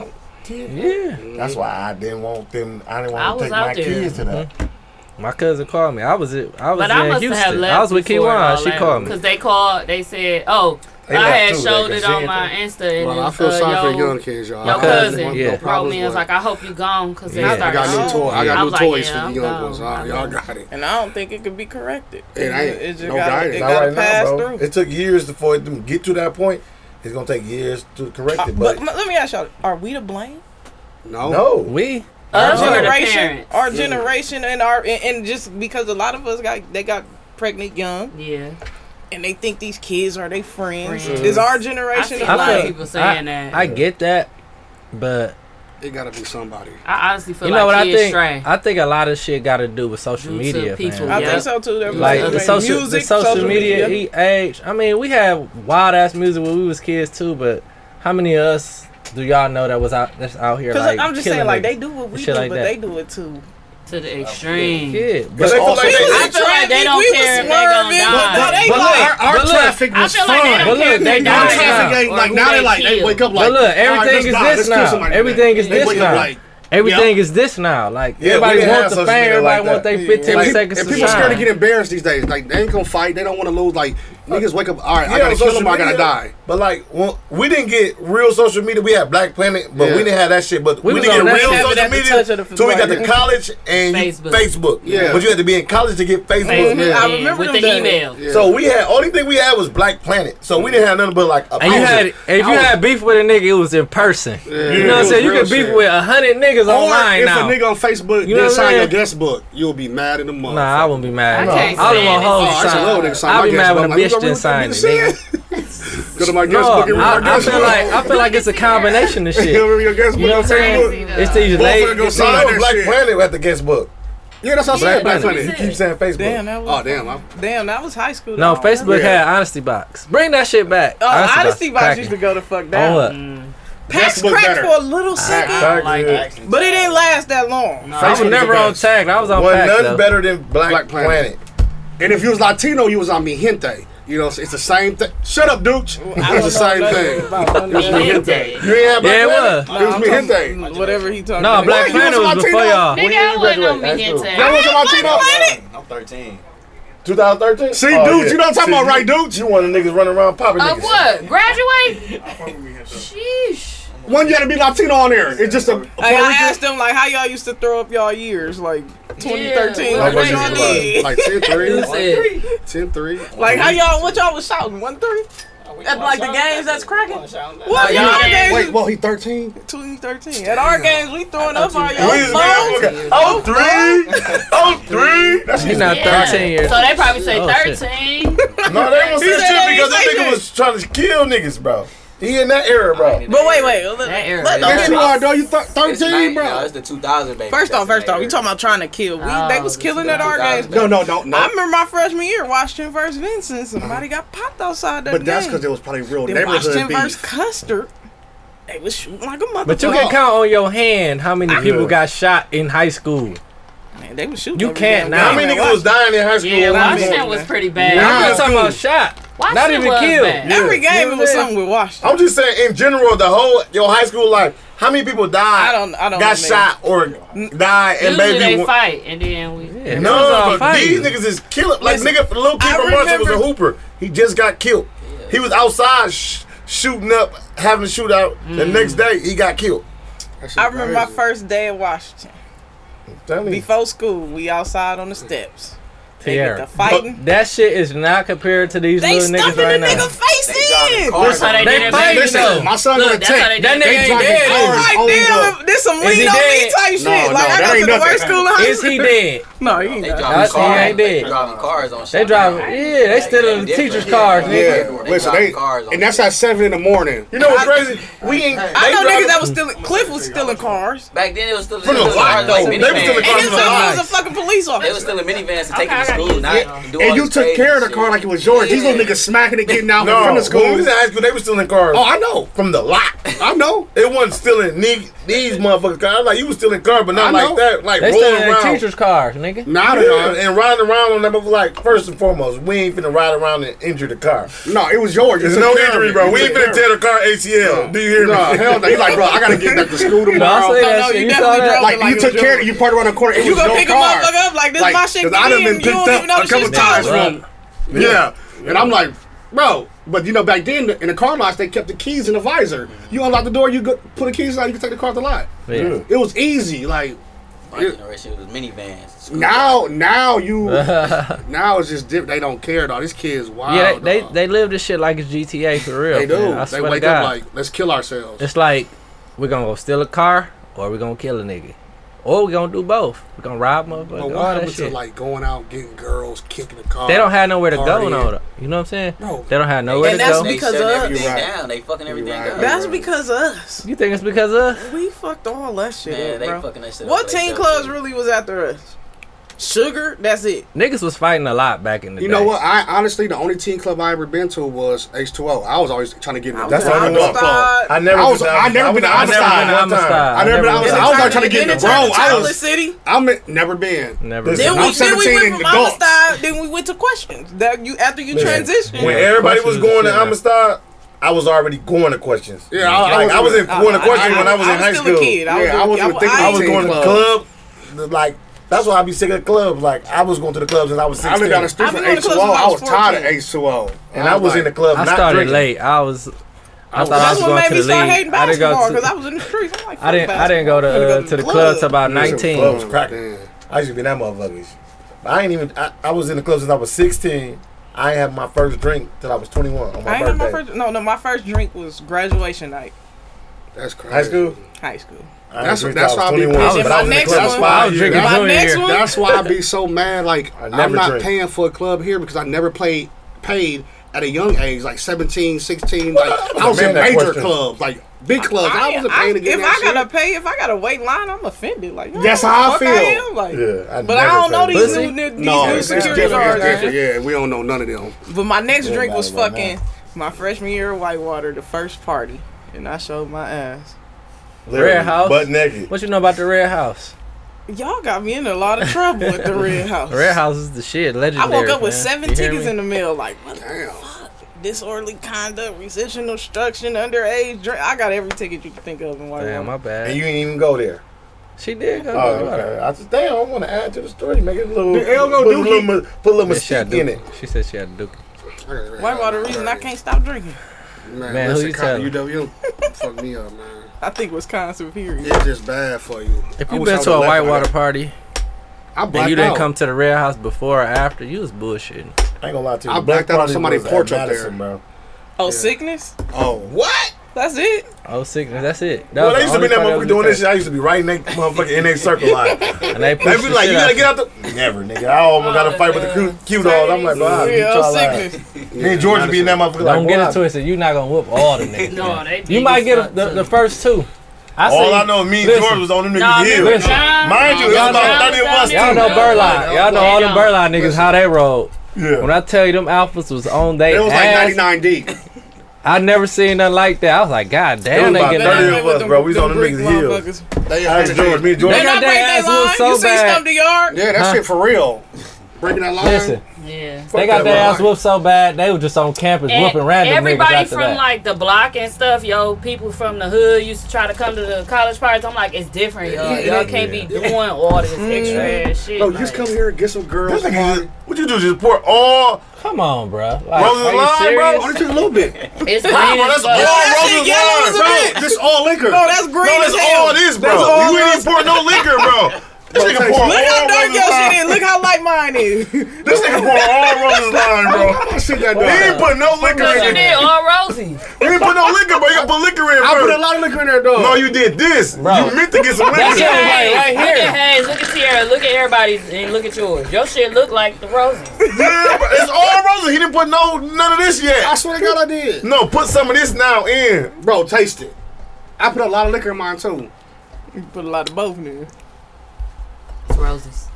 [SPEAKER 4] my-
[SPEAKER 8] Yeah,
[SPEAKER 4] That's why I didn't want them. I didn't
[SPEAKER 3] I
[SPEAKER 4] want
[SPEAKER 3] was
[SPEAKER 4] to take
[SPEAKER 3] out
[SPEAKER 4] my
[SPEAKER 3] there.
[SPEAKER 4] kids to that.
[SPEAKER 8] my cousin called me. I was at, I was
[SPEAKER 3] But
[SPEAKER 8] in
[SPEAKER 3] I must
[SPEAKER 8] Houston.
[SPEAKER 3] have left.
[SPEAKER 8] I was with Kiwan. She called me.
[SPEAKER 3] because they called. They said, "Oh,
[SPEAKER 4] They
[SPEAKER 3] I
[SPEAKER 4] left
[SPEAKER 3] had
[SPEAKER 4] too,
[SPEAKER 3] showed
[SPEAKER 4] like,
[SPEAKER 3] it
[SPEAKER 4] I
[SPEAKER 3] on
[SPEAKER 4] seen
[SPEAKER 3] my Insta." And
[SPEAKER 7] Well,
[SPEAKER 3] then,
[SPEAKER 7] I feel
[SPEAKER 3] uh,
[SPEAKER 7] sorry for
[SPEAKER 3] yo-
[SPEAKER 7] young kids,
[SPEAKER 3] Your
[SPEAKER 7] y'all.
[SPEAKER 8] My
[SPEAKER 7] I had
[SPEAKER 8] cousin,
[SPEAKER 3] cousin
[SPEAKER 7] one- no
[SPEAKER 8] yeah.
[SPEAKER 3] wrote
[SPEAKER 7] problems,
[SPEAKER 3] me and was
[SPEAKER 7] but
[SPEAKER 3] like, "I hope you gone because
[SPEAKER 8] Yeah.
[SPEAKER 7] I got new
[SPEAKER 9] Oh.
[SPEAKER 7] toys. I
[SPEAKER 3] I
[SPEAKER 7] got new
[SPEAKER 3] was like,
[SPEAKER 7] toys
[SPEAKER 3] yeah,
[SPEAKER 7] for
[SPEAKER 3] I'm
[SPEAKER 7] the young
[SPEAKER 3] gone.
[SPEAKER 7] ones. Y'all, y'all got it.
[SPEAKER 9] And I don't think it could be corrected.
[SPEAKER 7] It ain't.
[SPEAKER 9] ju- just
[SPEAKER 7] No
[SPEAKER 9] gotta,
[SPEAKER 7] guidance.
[SPEAKER 9] it
[SPEAKER 4] Not
[SPEAKER 9] gotta
[SPEAKER 4] right now,
[SPEAKER 9] pass
[SPEAKER 4] bro.
[SPEAKER 9] through.
[SPEAKER 4] It took years for it to get to that point. It's gonna take years to correct
[SPEAKER 9] Uh,
[SPEAKER 4] it,
[SPEAKER 9] but
[SPEAKER 4] but
[SPEAKER 9] let me ask y'all: Are we to blame?
[SPEAKER 7] No.
[SPEAKER 4] no,
[SPEAKER 8] We
[SPEAKER 3] Us
[SPEAKER 9] Our
[SPEAKER 3] or the
[SPEAKER 9] generation,
[SPEAKER 3] parents?
[SPEAKER 9] our generation, and our and, and just because a lot of us got they got pregnant young,
[SPEAKER 3] Yeah,
[SPEAKER 9] and they think these kids are their friends.
[SPEAKER 3] Friends.
[SPEAKER 9] Is our
[SPEAKER 3] I
[SPEAKER 9] generation
[SPEAKER 3] see
[SPEAKER 9] to
[SPEAKER 3] a lot of
[SPEAKER 9] blame?
[SPEAKER 3] people saying that.
[SPEAKER 8] I get that, but
[SPEAKER 7] It gotta be somebody.
[SPEAKER 3] I honestly feel
[SPEAKER 8] you know
[SPEAKER 3] like
[SPEAKER 8] what I
[SPEAKER 3] kids
[SPEAKER 8] think?
[SPEAKER 3] stray.
[SPEAKER 8] I think a lot of shit got to do with social
[SPEAKER 3] Due to
[SPEAKER 8] media,
[SPEAKER 3] people,
[SPEAKER 8] man.
[SPEAKER 9] I
[SPEAKER 3] Yeah.
[SPEAKER 9] think so too. They're
[SPEAKER 8] like
[SPEAKER 9] blaming
[SPEAKER 8] the social,
[SPEAKER 9] music,
[SPEAKER 8] the social, media,
[SPEAKER 9] media.
[SPEAKER 8] e- age. I mean, we had wild ass music when we was kids too, but how many of us do y'all know that was out that's out here?
[SPEAKER 9] Because
[SPEAKER 8] Like,
[SPEAKER 9] I'm just
[SPEAKER 8] killing
[SPEAKER 9] saying, like
[SPEAKER 8] niggas?
[SPEAKER 9] they do what we
[SPEAKER 8] shit
[SPEAKER 9] do,
[SPEAKER 8] like
[SPEAKER 9] but
[SPEAKER 8] that.
[SPEAKER 9] they do it too.
[SPEAKER 3] To the extreme.
[SPEAKER 8] Yeah, but
[SPEAKER 4] But they feel like
[SPEAKER 9] We was
[SPEAKER 4] they-
[SPEAKER 3] I
[SPEAKER 9] in
[SPEAKER 3] feel like they
[SPEAKER 9] traffic,
[SPEAKER 3] don't
[SPEAKER 9] we was
[SPEAKER 3] care if they gonna
[SPEAKER 9] swerving,
[SPEAKER 3] die.
[SPEAKER 9] but they
[SPEAKER 7] But look,
[SPEAKER 9] like-
[SPEAKER 7] our, our
[SPEAKER 8] but look,
[SPEAKER 7] traffic
[SPEAKER 3] I
[SPEAKER 7] was
[SPEAKER 3] feel like they
[SPEAKER 7] fun.
[SPEAKER 3] don't
[SPEAKER 8] But
[SPEAKER 3] care
[SPEAKER 8] look,
[SPEAKER 3] if
[SPEAKER 8] they
[SPEAKER 3] they
[SPEAKER 8] do
[SPEAKER 7] Our
[SPEAKER 8] it
[SPEAKER 3] die.
[SPEAKER 8] now.
[SPEAKER 7] traffic ain't
[SPEAKER 3] or
[SPEAKER 7] like
[SPEAKER 3] who
[SPEAKER 7] now. They
[SPEAKER 3] they
[SPEAKER 7] like they
[SPEAKER 3] kill.
[SPEAKER 7] wake up like.
[SPEAKER 8] But look,
[SPEAKER 7] all right,
[SPEAKER 8] everything
[SPEAKER 7] let's
[SPEAKER 8] is
[SPEAKER 7] die,
[SPEAKER 8] this
[SPEAKER 7] let's
[SPEAKER 8] now.
[SPEAKER 7] kill somebody today.
[SPEAKER 8] Everything is
[SPEAKER 7] They
[SPEAKER 8] this
[SPEAKER 7] wake up
[SPEAKER 8] now.
[SPEAKER 7] like,
[SPEAKER 8] everything
[SPEAKER 7] yeah.
[SPEAKER 8] is this now. Like
[SPEAKER 4] Yeah, we
[SPEAKER 8] everybody
[SPEAKER 4] didn't have
[SPEAKER 8] wants the
[SPEAKER 4] social media
[SPEAKER 8] fame. Everybody
[SPEAKER 4] like
[SPEAKER 8] want
[SPEAKER 4] that.
[SPEAKER 8] their 15
[SPEAKER 7] And, pe-
[SPEAKER 8] seconds
[SPEAKER 7] and
[SPEAKER 8] to
[SPEAKER 7] people scared to
[SPEAKER 8] shine.
[SPEAKER 7] get embarrassed these days. Like they ain't gonna fight. They don't want to lose. Like niggas wake up. All right, I
[SPEAKER 4] on
[SPEAKER 7] gotta kill
[SPEAKER 4] social
[SPEAKER 7] them. I gotta
[SPEAKER 4] media,
[SPEAKER 7] die.
[SPEAKER 4] But like, when, we didn't get real social media. We had Black Planet, but
[SPEAKER 7] Yeah.
[SPEAKER 4] we didn't have that shit. But we,
[SPEAKER 8] was
[SPEAKER 4] didn't
[SPEAKER 8] on
[SPEAKER 4] get
[SPEAKER 8] that
[SPEAKER 4] real
[SPEAKER 8] shit.
[SPEAKER 4] social
[SPEAKER 9] Having at the touch
[SPEAKER 4] media
[SPEAKER 9] of the
[SPEAKER 4] until we got to
[SPEAKER 9] finger.
[SPEAKER 4] college and you-
[SPEAKER 3] Facebook.
[SPEAKER 4] Facebook.
[SPEAKER 7] Yeah.
[SPEAKER 4] but you had to be in college to get Facebook.
[SPEAKER 3] Facebook,
[SPEAKER 7] Yeah.
[SPEAKER 9] I
[SPEAKER 3] yeah,
[SPEAKER 9] remember
[SPEAKER 3] with
[SPEAKER 9] them
[SPEAKER 3] the
[SPEAKER 9] days.
[SPEAKER 3] email.
[SPEAKER 7] Yeah.
[SPEAKER 4] So we had only thing we had was Black Planet. So we didn't have nothing but like. A
[SPEAKER 8] And you
[SPEAKER 4] poster.
[SPEAKER 8] had, if you had beef with a nigga, it was in person. You know what I'm saying? You
[SPEAKER 7] Real
[SPEAKER 8] could beef
[SPEAKER 7] shit.
[SPEAKER 8] with a hundred niggas
[SPEAKER 7] Or
[SPEAKER 8] online
[SPEAKER 7] if
[SPEAKER 8] now.
[SPEAKER 7] a nigga on Facebook
[SPEAKER 8] You
[SPEAKER 7] didn't
[SPEAKER 8] know what I'm
[SPEAKER 7] sign your
[SPEAKER 8] saying?
[SPEAKER 7] guest book, you'll be mad in the month.
[SPEAKER 8] Nah, I wouldn't be mad.
[SPEAKER 3] I can't
[SPEAKER 8] I don't
[SPEAKER 3] stand
[SPEAKER 8] want
[SPEAKER 3] it.
[SPEAKER 8] hoes
[SPEAKER 7] Oh,
[SPEAKER 8] to
[SPEAKER 7] that's a low
[SPEAKER 8] sign.
[SPEAKER 7] nigga sign.
[SPEAKER 8] I'll
[SPEAKER 7] my
[SPEAKER 8] be
[SPEAKER 7] guest
[SPEAKER 8] mad
[SPEAKER 7] book. I'm
[SPEAKER 8] when a
[SPEAKER 7] like,
[SPEAKER 8] bitch
[SPEAKER 7] "You
[SPEAKER 8] didn't
[SPEAKER 7] gonna
[SPEAKER 8] sign
[SPEAKER 7] read
[SPEAKER 8] it.
[SPEAKER 7] what the
[SPEAKER 8] nigga.
[SPEAKER 7] nigga said?" Go to my guest
[SPEAKER 8] No,
[SPEAKER 7] book and read my
[SPEAKER 8] I, I
[SPEAKER 7] guest
[SPEAKER 8] feel
[SPEAKER 7] book.
[SPEAKER 8] like I feel like it's a combination of shit.
[SPEAKER 7] You
[SPEAKER 8] You
[SPEAKER 7] read your guest book.
[SPEAKER 8] know what I'm saying?
[SPEAKER 3] Crazy, though.
[SPEAKER 8] It's these
[SPEAKER 7] Both of them gonna
[SPEAKER 8] ladies.
[SPEAKER 4] So
[SPEAKER 7] sign
[SPEAKER 4] I was
[SPEAKER 7] that
[SPEAKER 4] Black
[SPEAKER 7] shit.
[SPEAKER 4] Planet at the guest book.
[SPEAKER 7] Yeah, that's what I'm saying. Black
[SPEAKER 4] You
[SPEAKER 7] Planet.
[SPEAKER 4] keep saying Facebook.
[SPEAKER 9] Damn, that was
[SPEAKER 7] Oh damn, I'm
[SPEAKER 9] damn, that was high school.
[SPEAKER 8] No,
[SPEAKER 9] though.
[SPEAKER 8] Facebook
[SPEAKER 7] Yeah.
[SPEAKER 8] had Honesty Box. Bring that shit back.
[SPEAKER 9] Oh, honesty box used to
[SPEAKER 8] cracking.
[SPEAKER 9] go to fuck
[SPEAKER 8] On
[SPEAKER 9] down.
[SPEAKER 8] what?
[SPEAKER 9] Packs
[SPEAKER 7] Facebook
[SPEAKER 9] cracked
[SPEAKER 7] better.
[SPEAKER 9] for a little second,
[SPEAKER 4] like
[SPEAKER 9] but it didn't last that long.
[SPEAKER 8] I was
[SPEAKER 7] Facebook
[SPEAKER 8] never
[SPEAKER 7] is
[SPEAKER 8] on
[SPEAKER 7] best.
[SPEAKER 8] tag. I was on
[SPEAKER 4] Well,
[SPEAKER 8] pack
[SPEAKER 4] nothing
[SPEAKER 8] though.
[SPEAKER 4] better than Black,
[SPEAKER 7] Black Planet.
[SPEAKER 4] Planet.
[SPEAKER 7] And if you was Latino, you was on mi gente. You know, it's it's the same thing. Shut up, Duke. It's the same thing.
[SPEAKER 4] You ain't have Black
[SPEAKER 8] Yeah, it
[SPEAKER 4] Planet.
[SPEAKER 8] was.
[SPEAKER 7] It was mi gente.
[SPEAKER 9] Whatever he talking
[SPEAKER 8] No,
[SPEAKER 9] about.
[SPEAKER 8] Black
[SPEAKER 7] you was
[SPEAKER 8] Planet
[SPEAKER 7] on
[SPEAKER 8] was before
[SPEAKER 7] Latino?
[SPEAKER 8] y'all.
[SPEAKER 3] Nigga, I wasn't on me
[SPEAKER 4] That's
[SPEAKER 3] hitting.
[SPEAKER 7] That was a Latino.
[SPEAKER 10] I'm 13.
[SPEAKER 4] 2013.
[SPEAKER 7] See, dudes, you know what I'm talking about, right, dudes?
[SPEAKER 4] You want the niggas running around popping
[SPEAKER 3] Of
[SPEAKER 4] niggas.
[SPEAKER 3] what? Graduate? Sheesh.
[SPEAKER 7] One you had to be Latino on there. It's just a Puerto
[SPEAKER 9] Like, I
[SPEAKER 7] Rican-
[SPEAKER 9] asked them like how y'all used to throw up y'all years, like 2013.
[SPEAKER 3] Yeah,
[SPEAKER 9] like, what
[SPEAKER 4] what
[SPEAKER 9] y'all
[SPEAKER 4] was
[SPEAKER 9] did?
[SPEAKER 7] Like 10 3.
[SPEAKER 3] Said,
[SPEAKER 7] 10 3.
[SPEAKER 9] Like how y'all what y'all was shouting? One three? At like the games that's cracking? Well, at our games
[SPEAKER 7] Wait, well, he 13?
[SPEAKER 9] 2013. At our games we throwing up all y'all
[SPEAKER 4] We just make up,
[SPEAKER 9] phones.
[SPEAKER 4] okay, Oh three, oh three. That's
[SPEAKER 8] He's not
[SPEAKER 3] yeah.
[SPEAKER 8] 13 years.
[SPEAKER 3] So they probably say
[SPEAKER 8] Oh, shit.
[SPEAKER 3] 13.
[SPEAKER 4] no, they won't say
[SPEAKER 9] said that
[SPEAKER 4] shit because that
[SPEAKER 9] ain't
[SPEAKER 4] nigga
[SPEAKER 9] shit.
[SPEAKER 4] was trying to kill niggas, bro. He in that era, bro.
[SPEAKER 9] But wait, wait. let-
[SPEAKER 3] That era
[SPEAKER 9] let
[SPEAKER 3] is-
[SPEAKER 9] them
[SPEAKER 7] Yes,
[SPEAKER 9] get
[SPEAKER 7] you
[SPEAKER 9] off.
[SPEAKER 7] are, though. You thir-
[SPEAKER 10] It's nine-
[SPEAKER 7] 13,
[SPEAKER 10] No,
[SPEAKER 7] bro.
[SPEAKER 10] it's the 2000 baby.
[SPEAKER 9] First off,
[SPEAKER 10] That's
[SPEAKER 9] first off, we
[SPEAKER 10] later.
[SPEAKER 9] talking about trying to kill. We
[SPEAKER 3] Oh,
[SPEAKER 9] they was
[SPEAKER 10] this
[SPEAKER 9] killing
[SPEAKER 10] is
[SPEAKER 9] at our
[SPEAKER 10] about
[SPEAKER 9] games.
[SPEAKER 10] 2000.
[SPEAKER 7] No, no, no, no.
[SPEAKER 9] I remember my freshman year, Washington versus Vincent. Somebody got popped outside that
[SPEAKER 7] but that's
[SPEAKER 9] game.
[SPEAKER 7] because it was probably real
[SPEAKER 9] then Washington
[SPEAKER 7] neighborhood beef.
[SPEAKER 9] versus Custard. They was shooting like a motherfucker.
[SPEAKER 8] But you can count on your hand how many people got shot in high school.
[SPEAKER 9] Man, they was shooting.
[SPEAKER 8] You
[SPEAKER 9] every
[SPEAKER 8] can't
[SPEAKER 9] damn
[SPEAKER 8] now.
[SPEAKER 4] How
[SPEAKER 9] game
[SPEAKER 4] many
[SPEAKER 9] in
[SPEAKER 4] niggas was dying in high school?
[SPEAKER 3] Yeah,
[SPEAKER 4] when I was-
[SPEAKER 3] Washington was pretty bad.
[SPEAKER 4] Yeah.
[SPEAKER 8] I'm just talking about shot. Not
[SPEAKER 3] Washington
[SPEAKER 8] even
[SPEAKER 3] was
[SPEAKER 8] killed.
[SPEAKER 3] bad.
[SPEAKER 9] Every
[SPEAKER 4] Yeah.
[SPEAKER 9] game
[SPEAKER 4] You
[SPEAKER 9] it
[SPEAKER 4] know what
[SPEAKER 9] was
[SPEAKER 4] I'm saying?
[SPEAKER 9] something with Washington.
[SPEAKER 4] I'm just saying, in general, the whole your high school life. How many people died?
[SPEAKER 9] I don't- I don't
[SPEAKER 4] got
[SPEAKER 9] know.
[SPEAKER 4] shot or died,
[SPEAKER 3] Usually
[SPEAKER 4] and maybe
[SPEAKER 3] they
[SPEAKER 4] one-
[SPEAKER 3] fight, and then we.
[SPEAKER 8] Yeah,
[SPEAKER 4] No,
[SPEAKER 8] that was all
[SPEAKER 4] but
[SPEAKER 8] fighting.
[SPEAKER 4] these niggas is killing. Like
[SPEAKER 9] Listen,
[SPEAKER 4] nigga, the little kid
[SPEAKER 9] I
[SPEAKER 4] from Marshall was a
[SPEAKER 9] remember-
[SPEAKER 4] hooper. He just got killed. He was outside sh- shooting up, having a shootout. The next day, he got killed.
[SPEAKER 9] I remember my first day at Washington.
[SPEAKER 4] Tell me.
[SPEAKER 9] Before school, we outside on the steps. They get
[SPEAKER 8] Tierra.
[SPEAKER 9] to fighting.
[SPEAKER 8] That shit is not compared to these
[SPEAKER 9] They
[SPEAKER 8] little niggas
[SPEAKER 9] stuffing
[SPEAKER 8] right
[SPEAKER 9] the
[SPEAKER 8] now.
[SPEAKER 9] nigga face in.
[SPEAKER 3] That's how they did it back
[SPEAKER 8] fighting
[SPEAKER 3] then.
[SPEAKER 8] though.
[SPEAKER 7] my son
[SPEAKER 3] Look,
[SPEAKER 7] gonna
[SPEAKER 3] that's how they
[SPEAKER 7] take.
[SPEAKER 3] did it.
[SPEAKER 8] That nigga ain't
[SPEAKER 7] driving
[SPEAKER 8] dead.
[SPEAKER 7] cars. Oh, no.
[SPEAKER 8] is
[SPEAKER 9] I'm like, damn, this some
[SPEAKER 8] Is he
[SPEAKER 9] lean on me
[SPEAKER 8] dead?
[SPEAKER 9] type shit.
[SPEAKER 7] No, no,
[SPEAKER 9] like, I
[SPEAKER 7] that
[SPEAKER 9] got
[SPEAKER 7] ain't
[SPEAKER 9] to the
[SPEAKER 7] nothing.
[SPEAKER 9] worst school in
[SPEAKER 8] he?
[SPEAKER 9] high
[SPEAKER 8] Is
[SPEAKER 9] school.
[SPEAKER 8] he dead?
[SPEAKER 9] No, he ain't.
[SPEAKER 10] They
[SPEAKER 9] not.
[SPEAKER 10] driving
[SPEAKER 8] That's-
[SPEAKER 10] cars.
[SPEAKER 8] he ain't
[SPEAKER 10] They
[SPEAKER 8] dead.
[SPEAKER 10] driving cars on
[SPEAKER 8] They
[SPEAKER 10] shit.
[SPEAKER 8] driving. Yeah, they still in the
[SPEAKER 10] different.
[SPEAKER 8] teachers' cars, nigga.
[SPEAKER 7] Yeah,
[SPEAKER 10] They
[SPEAKER 7] listen,
[SPEAKER 10] driving
[SPEAKER 7] they,
[SPEAKER 10] cars on
[SPEAKER 7] and that's
[SPEAKER 10] shit.
[SPEAKER 7] at seven in the morning.
[SPEAKER 4] You know what's crazy? We ain't.
[SPEAKER 9] I
[SPEAKER 4] they
[SPEAKER 9] know
[SPEAKER 4] driving-
[SPEAKER 9] niggas that was still. Cliff was still in cars.
[SPEAKER 10] Back then, it was still,
[SPEAKER 4] From the
[SPEAKER 10] it was
[SPEAKER 4] block,
[SPEAKER 10] cars
[SPEAKER 4] though.
[SPEAKER 10] like
[SPEAKER 4] They was still in
[SPEAKER 10] minivans.
[SPEAKER 9] And his
[SPEAKER 4] Cars on
[SPEAKER 9] son was
[SPEAKER 4] the
[SPEAKER 9] a fucking police
[SPEAKER 10] They was
[SPEAKER 9] officer.
[SPEAKER 10] still in minivans to take
[SPEAKER 3] I
[SPEAKER 10] them to
[SPEAKER 3] got
[SPEAKER 10] school.
[SPEAKER 3] used
[SPEAKER 10] Not
[SPEAKER 3] to it.
[SPEAKER 10] do all
[SPEAKER 7] And you
[SPEAKER 10] this
[SPEAKER 7] took
[SPEAKER 10] crazy
[SPEAKER 7] care of the
[SPEAKER 10] shit.
[SPEAKER 7] car like it was yours. These little
[SPEAKER 10] Yeah.
[SPEAKER 7] niggas smacking and getting out
[SPEAKER 4] No,
[SPEAKER 7] from the
[SPEAKER 4] when we
[SPEAKER 7] school.
[SPEAKER 4] was in high school, they were still in cars.
[SPEAKER 7] Oh, I know.
[SPEAKER 4] From the lot.
[SPEAKER 7] I know.
[SPEAKER 4] It wasn't still in ne- these motherfuckers' cars. I'm like, you was still in car, but not
[SPEAKER 7] I
[SPEAKER 4] like
[SPEAKER 7] know.
[SPEAKER 4] that. Like,
[SPEAKER 8] They
[SPEAKER 4] rolling
[SPEAKER 8] still in the
[SPEAKER 4] around.
[SPEAKER 8] teachers' cars, nigga.
[SPEAKER 7] Nah, they
[SPEAKER 4] Yeah,
[SPEAKER 7] are.
[SPEAKER 4] and riding around on that motherfucker, like, first and foremost, we ain't finna ride around and injure the car.
[SPEAKER 7] No, it was yours. You
[SPEAKER 4] There's
[SPEAKER 7] took
[SPEAKER 4] no
[SPEAKER 7] care of
[SPEAKER 4] injury,
[SPEAKER 7] it.
[SPEAKER 4] bro.
[SPEAKER 7] You
[SPEAKER 4] We ain't
[SPEAKER 7] took
[SPEAKER 4] finna
[SPEAKER 7] care
[SPEAKER 4] tear the car ACL. Do you hear
[SPEAKER 7] of it.
[SPEAKER 4] me?
[SPEAKER 7] Nah,
[SPEAKER 4] [laughs]
[SPEAKER 7] hell no. He's like, bro, I gotta get back to
[SPEAKER 8] [laughs]
[SPEAKER 7] school
[SPEAKER 8] No, I say
[SPEAKER 7] tomorrow.
[SPEAKER 8] that
[SPEAKER 9] no, you
[SPEAKER 8] shit. You saw
[SPEAKER 9] definitely
[SPEAKER 8] that?
[SPEAKER 9] drove
[SPEAKER 7] Like
[SPEAKER 9] Like
[SPEAKER 7] you
[SPEAKER 9] it
[SPEAKER 7] took
[SPEAKER 9] was
[SPEAKER 7] care of it. You parked around the corner. It
[SPEAKER 9] You
[SPEAKER 7] was
[SPEAKER 9] gonna
[SPEAKER 7] your
[SPEAKER 9] pick a
[SPEAKER 7] car.
[SPEAKER 9] motherfucker up like this
[SPEAKER 7] Like,
[SPEAKER 9] my shit to
[SPEAKER 7] 'cause I
[SPEAKER 9] get
[SPEAKER 7] done
[SPEAKER 9] in.
[SPEAKER 7] been
[SPEAKER 9] You don't
[SPEAKER 7] picked
[SPEAKER 9] even know
[SPEAKER 7] up
[SPEAKER 9] the
[SPEAKER 7] a couple
[SPEAKER 9] shit talking
[SPEAKER 7] times
[SPEAKER 9] about.
[SPEAKER 7] from. Yeah, and I'm like, bro. But you know, back then in the car lots, they kept the keys in the visor. You unlock the door, you go, put the keys out, you can take the car to the lot.
[SPEAKER 8] Yeah.
[SPEAKER 7] It was easy. Like
[SPEAKER 10] My
[SPEAKER 7] Yeah.
[SPEAKER 10] generation was minivans. School
[SPEAKER 7] now, now you,
[SPEAKER 8] [laughs]
[SPEAKER 7] now it's just different. They don't care though. These kids wild.
[SPEAKER 8] Yeah, they, they
[SPEAKER 7] dog.
[SPEAKER 8] they live this shit like it's GTA for real.
[SPEAKER 7] They do.
[SPEAKER 8] man. I
[SPEAKER 7] they
[SPEAKER 8] swear to
[SPEAKER 7] wake
[SPEAKER 8] God.
[SPEAKER 7] up like, let's kill ourselves.
[SPEAKER 8] It's like we're gonna go steal a car or we're gonna kill a nigga. Or we're gonna do both. We're gonna rob
[SPEAKER 7] But
[SPEAKER 8] motherfuckers.
[SPEAKER 7] what
[SPEAKER 8] All that
[SPEAKER 7] happened to
[SPEAKER 8] shit.
[SPEAKER 7] like going out, getting girls, kicking the car?
[SPEAKER 8] They don't have nowhere to go
[SPEAKER 7] partying?
[SPEAKER 8] no though. You know what I'm saying?
[SPEAKER 7] No.
[SPEAKER 8] They don't have nowhere
[SPEAKER 9] And
[SPEAKER 8] to
[SPEAKER 9] that's
[SPEAKER 8] go.
[SPEAKER 10] They
[SPEAKER 9] because
[SPEAKER 10] shutting
[SPEAKER 9] of-
[SPEAKER 10] everything
[SPEAKER 7] You're right.
[SPEAKER 10] down. They fucking everything
[SPEAKER 7] right.
[SPEAKER 10] down.
[SPEAKER 9] That's because of us.
[SPEAKER 8] you think it's because of
[SPEAKER 9] We fucked all that shit
[SPEAKER 10] Man, they
[SPEAKER 9] up, bro.
[SPEAKER 10] fucking that shit up
[SPEAKER 9] What
[SPEAKER 10] for
[SPEAKER 9] teen
[SPEAKER 10] themselves,
[SPEAKER 9] clubs
[SPEAKER 10] too.
[SPEAKER 9] really was after us? Sugar. That's it.
[SPEAKER 8] niggas was fighting a lot back in the
[SPEAKER 7] You
[SPEAKER 8] day.
[SPEAKER 7] know what? I honestly, the only teen club I ever been to was H2O. I was always trying to get in.
[SPEAKER 9] was
[SPEAKER 4] That's the
[SPEAKER 9] I
[SPEAKER 4] only one.
[SPEAKER 9] was thought-
[SPEAKER 4] I never
[SPEAKER 7] I was-
[SPEAKER 4] been to
[SPEAKER 7] I never
[SPEAKER 4] was-
[SPEAKER 7] been to Amistad.
[SPEAKER 4] I never been to
[SPEAKER 8] Amistad.
[SPEAKER 4] Amistad.
[SPEAKER 7] I never been. I was,
[SPEAKER 8] Then
[SPEAKER 7] I
[SPEAKER 8] it
[SPEAKER 7] was
[SPEAKER 8] turned-
[SPEAKER 7] like trying to get
[SPEAKER 9] Then
[SPEAKER 7] in
[SPEAKER 9] it
[SPEAKER 7] the
[SPEAKER 9] turned
[SPEAKER 7] bro.
[SPEAKER 9] to
[SPEAKER 7] I
[SPEAKER 9] Tyler
[SPEAKER 7] was.
[SPEAKER 9] City.
[SPEAKER 7] I'm in- never been.
[SPEAKER 8] Never.
[SPEAKER 4] Listen,
[SPEAKER 9] Then
[SPEAKER 7] I'm
[SPEAKER 9] we, then we
[SPEAKER 7] 17
[SPEAKER 9] went
[SPEAKER 7] and
[SPEAKER 9] from
[SPEAKER 7] adult.
[SPEAKER 9] Amistad. Then we went to questions. That you after you
[SPEAKER 4] Listen,
[SPEAKER 9] transitioned.
[SPEAKER 4] When
[SPEAKER 8] Yeah,
[SPEAKER 4] everybody was
[SPEAKER 8] questions
[SPEAKER 4] going to
[SPEAKER 8] is-
[SPEAKER 4] Amistad, I was already going to questions.
[SPEAKER 7] Yeah, I- I
[SPEAKER 4] like, I was
[SPEAKER 7] wasn't-
[SPEAKER 4] in going to questions when I was in high
[SPEAKER 9] still
[SPEAKER 4] school.
[SPEAKER 9] A kid. I
[SPEAKER 7] Yeah, I
[SPEAKER 9] was
[SPEAKER 7] wasn't
[SPEAKER 9] doing-
[SPEAKER 7] thinking
[SPEAKER 4] I was
[SPEAKER 7] Teen
[SPEAKER 4] going to the club,
[SPEAKER 7] club.
[SPEAKER 4] the- like that's why I be sick of the clubs. Like I was going to the clubs since I was
[SPEAKER 7] I
[SPEAKER 4] sixteen,
[SPEAKER 7] lived down the street
[SPEAKER 9] I've
[SPEAKER 7] from
[SPEAKER 9] been going to
[SPEAKER 7] H2O.
[SPEAKER 9] clubs when
[SPEAKER 7] I
[SPEAKER 9] I
[SPEAKER 7] was
[SPEAKER 9] was
[SPEAKER 7] tired of
[SPEAKER 9] 14.
[SPEAKER 7] H2O.
[SPEAKER 4] and I was in the club.
[SPEAKER 8] I
[SPEAKER 4] not
[SPEAKER 8] started
[SPEAKER 4] drinking.
[SPEAKER 8] late. I was I thought I
[SPEAKER 9] That's
[SPEAKER 8] was
[SPEAKER 9] what
[SPEAKER 8] going
[SPEAKER 9] made
[SPEAKER 8] to
[SPEAKER 9] me
[SPEAKER 8] the
[SPEAKER 9] start hating
[SPEAKER 8] league. I didn't
[SPEAKER 9] basketball
[SPEAKER 8] go
[SPEAKER 9] because I
[SPEAKER 8] to
[SPEAKER 9] was in the streets. I'm like, fuck
[SPEAKER 8] I didn't I didn't go to
[SPEAKER 9] basketball.
[SPEAKER 8] uh,
[SPEAKER 9] I'm finna
[SPEAKER 8] to the club till about
[SPEAKER 4] Yeah, Club was
[SPEAKER 8] nineteen.
[SPEAKER 4] cracking. I used to be in that motherfuckers. I ain't even. I, I was in the club since I was sixteen. I ain't have my first drink till I was twenty one on my
[SPEAKER 9] I ain't
[SPEAKER 4] birthday.
[SPEAKER 9] had my first. No, no, my first drink was graduation night,
[SPEAKER 7] That's crazy.
[SPEAKER 4] High school.
[SPEAKER 9] high school.
[SPEAKER 4] I
[SPEAKER 7] That's-
[SPEAKER 4] drank
[SPEAKER 7] that's
[SPEAKER 4] till I
[SPEAKER 7] why I
[SPEAKER 4] was
[SPEAKER 7] be
[SPEAKER 4] twenty one.
[SPEAKER 7] patient.
[SPEAKER 4] But I was in
[SPEAKER 9] My
[SPEAKER 4] the
[SPEAKER 9] next
[SPEAKER 4] club
[SPEAKER 9] one-
[SPEAKER 4] for five
[SPEAKER 8] I was
[SPEAKER 4] years.
[SPEAKER 8] drinking
[SPEAKER 9] My
[SPEAKER 8] junior
[SPEAKER 9] next
[SPEAKER 8] year.
[SPEAKER 9] one-
[SPEAKER 7] That's why I be so mad. Like
[SPEAKER 4] I
[SPEAKER 7] I'm
[SPEAKER 4] never
[SPEAKER 7] not
[SPEAKER 4] drink.
[SPEAKER 7] paying for a club here because I never played paid at a young age, like 17, 16. Like I was
[SPEAKER 4] Man,
[SPEAKER 7] in
[SPEAKER 4] that
[SPEAKER 7] major
[SPEAKER 4] question.
[SPEAKER 7] clubs, like big clubs. I, wasn't paying to get
[SPEAKER 9] if
[SPEAKER 7] that
[SPEAKER 9] I gotta
[SPEAKER 7] shit.
[SPEAKER 9] pay, if I gotta wait line, I'm offended. Like you
[SPEAKER 7] That's
[SPEAKER 9] know
[SPEAKER 7] how I
[SPEAKER 9] what the
[SPEAKER 7] feel.
[SPEAKER 9] fuck I am? Like,
[SPEAKER 4] Yeah, I
[SPEAKER 9] but
[SPEAKER 4] never
[SPEAKER 9] I don't know
[SPEAKER 4] paid.
[SPEAKER 9] these
[SPEAKER 8] Pussy?
[SPEAKER 9] new, new, these
[SPEAKER 7] No,
[SPEAKER 9] new
[SPEAKER 7] it's different.
[SPEAKER 9] security
[SPEAKER 7] It's
[SPEAKER 9] guards.
[SPEAKER 7] different.
[SPEAKER 9] right?
[SPEAKER 7] Yeah, we don't know none of them.
[SPEAKER 9] But my next
[SPEAKER 4] Yeah,
[SPEAKER 9] drink
[SPEAKER 4] not
[SPEAKER 9] was
[SPEAKER 4] right now.
[SPEAKER 9] fucking my freshman year at Whitewater, the first party, and I showed my ass.
[SPEAKER 4] Literally,
[SPEAKER 8] Red House.
[SPEAKER 4] butt naked.
[SPEAKER 8] What you know about the Red House?
[SPEAKER 9] Y'all got me in a lot of trouble at the
[SPEAKER 8] [laughs]
[SPEAKER 9] Red House.
[SPEAKER 8] The Red House is the shit.
[SPEAKER 9] I
[SPEAKER 8] Legendary.
[SPEAKER 9] woke up with
[SPEAKER 8] man.
[SPEAKER 9] seven
[SPEAKER 8] You hear
[SPEAKER 9] tickets
[SPEAKER 8] me?
[SPEAKER 9] in the mail. Like what the
[SPEAKER 7] Damn.
[SPEAKER 9] disorderly conduct, resisting obstruction, underage drink. I got every ticket you can think of in
[SPEAKER 8] Damn, my
[SPEAKER 9] Whitewater.
[SPEAKER 8] bad.
[SPEAKER 4] And you didn't even go there.
[SPEAKER 8] she did go.
[SPEAKER 4] Oh, okay. I said, damn, I want to add to the story. Make it a little.
[SPEAKER 7] The Elgo
[SPEAKER 4] put, a little
[SPEAKER 7] Dookie.
[SPEAKER 4] mu- put a little
[SPEAKER 8] She, had
[SPEAKER 4] mystique in it.
[SPEAKER 8] Duke. she said she had Duke.
[SPEAKER 9] Whitewater reason I can't stop drinking.
[SPEAKER 7] Man,
[SPEAKER 8] Man, who
[SPEAKER 7] listen,
[SPEAKER 8] you
[SPEAKER 7] Cotton,
[SPEAKER 8] telling?
[SPEAKER 7] UW, fuck me up, man.
[SPEAKER 9] I think Wisconsin period.
[SPEAKER 7] It's just bad for you.
[SPEAKER 8] If
[SPEAKER 7] I wish I
[SPEAKER 8] you've been
[SPEAKER 7] would've
[SPEAKER 8] to a
[SPEAKER 7] left, I
[SPEAKER 8] Whitewater
[SPEAKER 7] got-
[SPEAKER 8] party
[SPEAKER 7] I
[SPEAKER 8] and
[SPEAKER 7] blacked
[SPEAKER 8] you didn't
[SPEAKER 7] out.
[SPEAKER 8] come to the Red House before or after, you was bullshitting.
[SPEAKER 4] I ain't gonna lie to you.
[SPEAKER 7] I
[SPEAKER 4] The
[SPEAKER 7] blacked
[SPEAKER 4] Black
[SPEAKER 7] out on
[SPEAKER 4] Party
[SPEAKER 7] somebody's
[SPEAKER 4] was
[SPEAKER 7] porch
[SPEAKER 4] at
[SPEAKER 7] up
[SPEAKER 4] Madison, bro.
[SPEAKER 9] Oh, sickness?
[SPEAKER 7] Oh, what?
[SPEAKER 9] That's it.
[SPEAKER 8] Oh, sickness. That's it. That
[SPEAKER 4] Well,
[SPEAKER 8] was
[SPEAKER 4] they
[SPEAKER 8] the
[SPEAKER 4] used to be
[SPEAKER 8] only
[SPEAKER 4] in that
[SPEAKER 8] party I
[SPEAKER 4] motherfucker
[SPEAKER 8] was
[SPEAKER 4] doing
[SPEAKER 8] at.
[SPEAKER 4] this shit. I used to be right in that motherfucker [laughs] in that circle line.
[SPEAKER 8] And they
[SPEAKER 4] They
[SPEAKER 8] pushed
[SPEAKER 4] be
[SPEAKER 8] the
[SPEAKER 4] like,
[SPEAKER 8] shit
[SPEAKER 4] you
[SPEAKER 8] out
[SPEAKER 4] gotta
[SPEAKER 8] of
[SPEAKER 4] get out the. Never, nigga. I almost got to fight with the cute, cute dolls. I'm like, bro, I'll beat
[SPEAKER 9] Yeah,
[SPEAKER 4] y'all
[SPEAKER 9] oh,
[SPEAKER 4] ass. [laughs]
[SPEAKER 9] sickness.
[SPEAKER 4] Me and Georgia be in that motherfucker like,
[SPEAKER 8] Don't get
[SPEAKER 4] boy,
[SPEAKER 8] it twisted. You're not gonna whoop all the niggas.
[SPEAKER 3] No, they
[SPEAKER 8] You might
[SPEAKER 3] big
[SPEAKER 8] get
[SPEAKER 3] as
[SPEAKER 8] a,
[SPEAKER 3] fuck,
[SPEAKER 8] the,
[SPEAKER 3] too.
[SPEAKER 8] the first two. I
[SPEAKER 4] All
[SPEAKER 8] say-
[SPEAKER 4] I know, me and
[SPEAKER 8] listen,
[SPEAKER 4] George was on them
[SPEAKER 3] Nah,
[SPEAKER 4] niggas'
[SPEAKER 3] remember
[SPEAKER 4] heels.
[SPEAKER 8] Listen.
[SPEAKER 3] John?
[SPEAKER 4] Mind you, it was
[SPEAKER 8] Y'all know-
[SPEAKER 4] about 30 of us.
[SPEAKER 8] Y'all know
[SPEAKER 4] too.
[SPEAKER 8] Burline. Y'all know all
[SPEAKER 3] They
[SPEAKER 8] them
[SPEAKER 3] don't.
[SPEAKER 8] Burline niggas how they rolled. When
[SPEAKER 4] Yeah.
[SPEAKER 8] I tell you them alphas was on they
[SPEAKER 7] It was like
[SPEAKER 8] ass,
[SPEAKER 7] 99 deep.
[SPEAKER 8] I never seen nothing like that. I was like, God
[SPEAKER 4] It was
[SPEAKER 8] damn, they
[SPEAKER 4] about
[SPEAKER 8] get
[SPEAKER 4] thirty
[SPEAKER 8] that.
[SPEAKER 4] of us, bro. We was on the [laughs]
[SPEAKER 9] Greek
[SPEAKER 4] niggas' heels.
[SPEAKER 9] motherfuckers. They
[SPEAKER 4] I asked George, me and George.
[SPEAKER 9] They
[SPEAKER 8] got
[SPEAKER 9] not
[SPEAKER 8] their
[SPEAKER 9] break
[SPEAKER 8] ass
[SPEAKER 9] their
[SPEAKER 8] look
[SPEAKER 9] line.
[SPEAKER 8] so
[SPEAKER 9] you seen
[SPEAKER 8] bad.
[SPEAKER 9] stuff to yard?
[SPEAKER 7] Yeah, that
[SPEAKER 8] Huh?
[SPEAKER 7] shit for real. Breaking that line.
[SPEAKER 8] Listen,
[SPEAKER 6] Yeah.
[SPEAKER 8] they
[SPEAKER 4] that
[SPEAKER 8] got their ass
[SPEAKER 4] line.
[SPEAKER 8] whooped so bad they were just on campus
[SPEAKER 6] And
[SPEAKER 8] whooping random niggas
[SPEAKER 6] Eh, everybody
[SPEAKER 8] after
[SPEAKER 6] from
[SPEAKER 8] that.
[SPEAKER 6] like the block and stuff, yo, people from the hood used to try to come to the college parties. I'm like, it's different, yo. Y'all can't be doing all this
[SPEAKER 8] Mm.
[SPEAKER 6] extra ass shit.
[SPEAKER 7] Bro, you
[SPEAKER 6] like,
[SPEAKER 7] just come here and get some girls.
[SPEAKER 4] This nigga just- What you do? Just pour all
[SPEAKER 8] Come on, bro. Like,
[SPEAKER 4] roses
[SPEAKER 8] are you
[SPEAKER 4] lime,
[SPEAKER 8] serious?
[SPEAKER 4] bro?
[SPEAKER 7] Only took a little bit.
[SPEAKER 6] It's
[SPEAKER 4] Bro,
[SPEAKER 6] green as
[SPEAKER 4] that's all
[SPEAKER 6] fuck.
[SPEAKER 4] roses
[SPEAKER 9] yellow
[SPEAKER 4] lime,
[SPEAKER 9] as a
[SPEAKER 4] bro.
[SPEAKER 9] bitch.
[SPEAKER 7] This all liquor.
[SPEAKER 9] No, that's green
[SPEAKER 4] No,
[SPEAKER 9] as
[SPEAKER 4] that's
[SPEAKER 9] hell.
[SPEAKER 4] all this,
[SPEAKER 9] That's
[SPEAKER 4] bro.
[SPEAKER 9] all
[SPEAKER 4] You ain't
[SPEAKER 9] this.
[SPEAKER 4] even pour no liquor, bro. This nigga pour all
[SPEAKER 9] Look how dark
[SPEAKER 4] roses
[SPEAKER 9] your shit is.
[SPEAKER 4] lime.
[SPEAKER 9] Look how light mine is.
[SPEAKER 4] This nigga pour all roses lime, bro.
[SPEAKER 7] I see that
[SPEAKER 4] We ain't
[SPEAKER 7] dog.
[SPEAKER 4] put no liquor
[SPEAKER 6] You
[SPEAKER 4] in
[SPEAKER 6] did
[SPEAKER 4] it.
[SPEAKER 6] all rosy.
[SPEAKER 4] We ain't put no liquor, bro. You gotta put liquor in
[SPEAKER 7] I put a
[SPEAKER 4] first.
[SPEAKER 7] lot of liquor in there, dog.
[SPEAKER 4] No, you did this. You
[SPEAKER 8] Bro.
[SPEAKER 4] meant to get some
[SPEAKER 8] That's it.
[SPEAKER 4] liquor.
[SPEAKER 8] Right, right
[SPEAKER 6] look
[SPEAKER 8] here.
[SPEAKER 6] at Hayes, look at Tierra, look at everybody's, and look at yours. Your shit look like the roses.
[SPEAKER 4] Yeah, bro. It's all roses. He didn't put no none of this
[SPEAKER 7] I
[SPEAKER 4] yet.
[SPEAKER 7] swear to God, I did.
[SPEAKER 4] No, put some of this now in.
[SPEAKER 7] Bro, taste it. I put a lot of liquor in mine too.
[SPEAKER 9] You put a lot of both in there.
[SPEAKER 6] It's roses.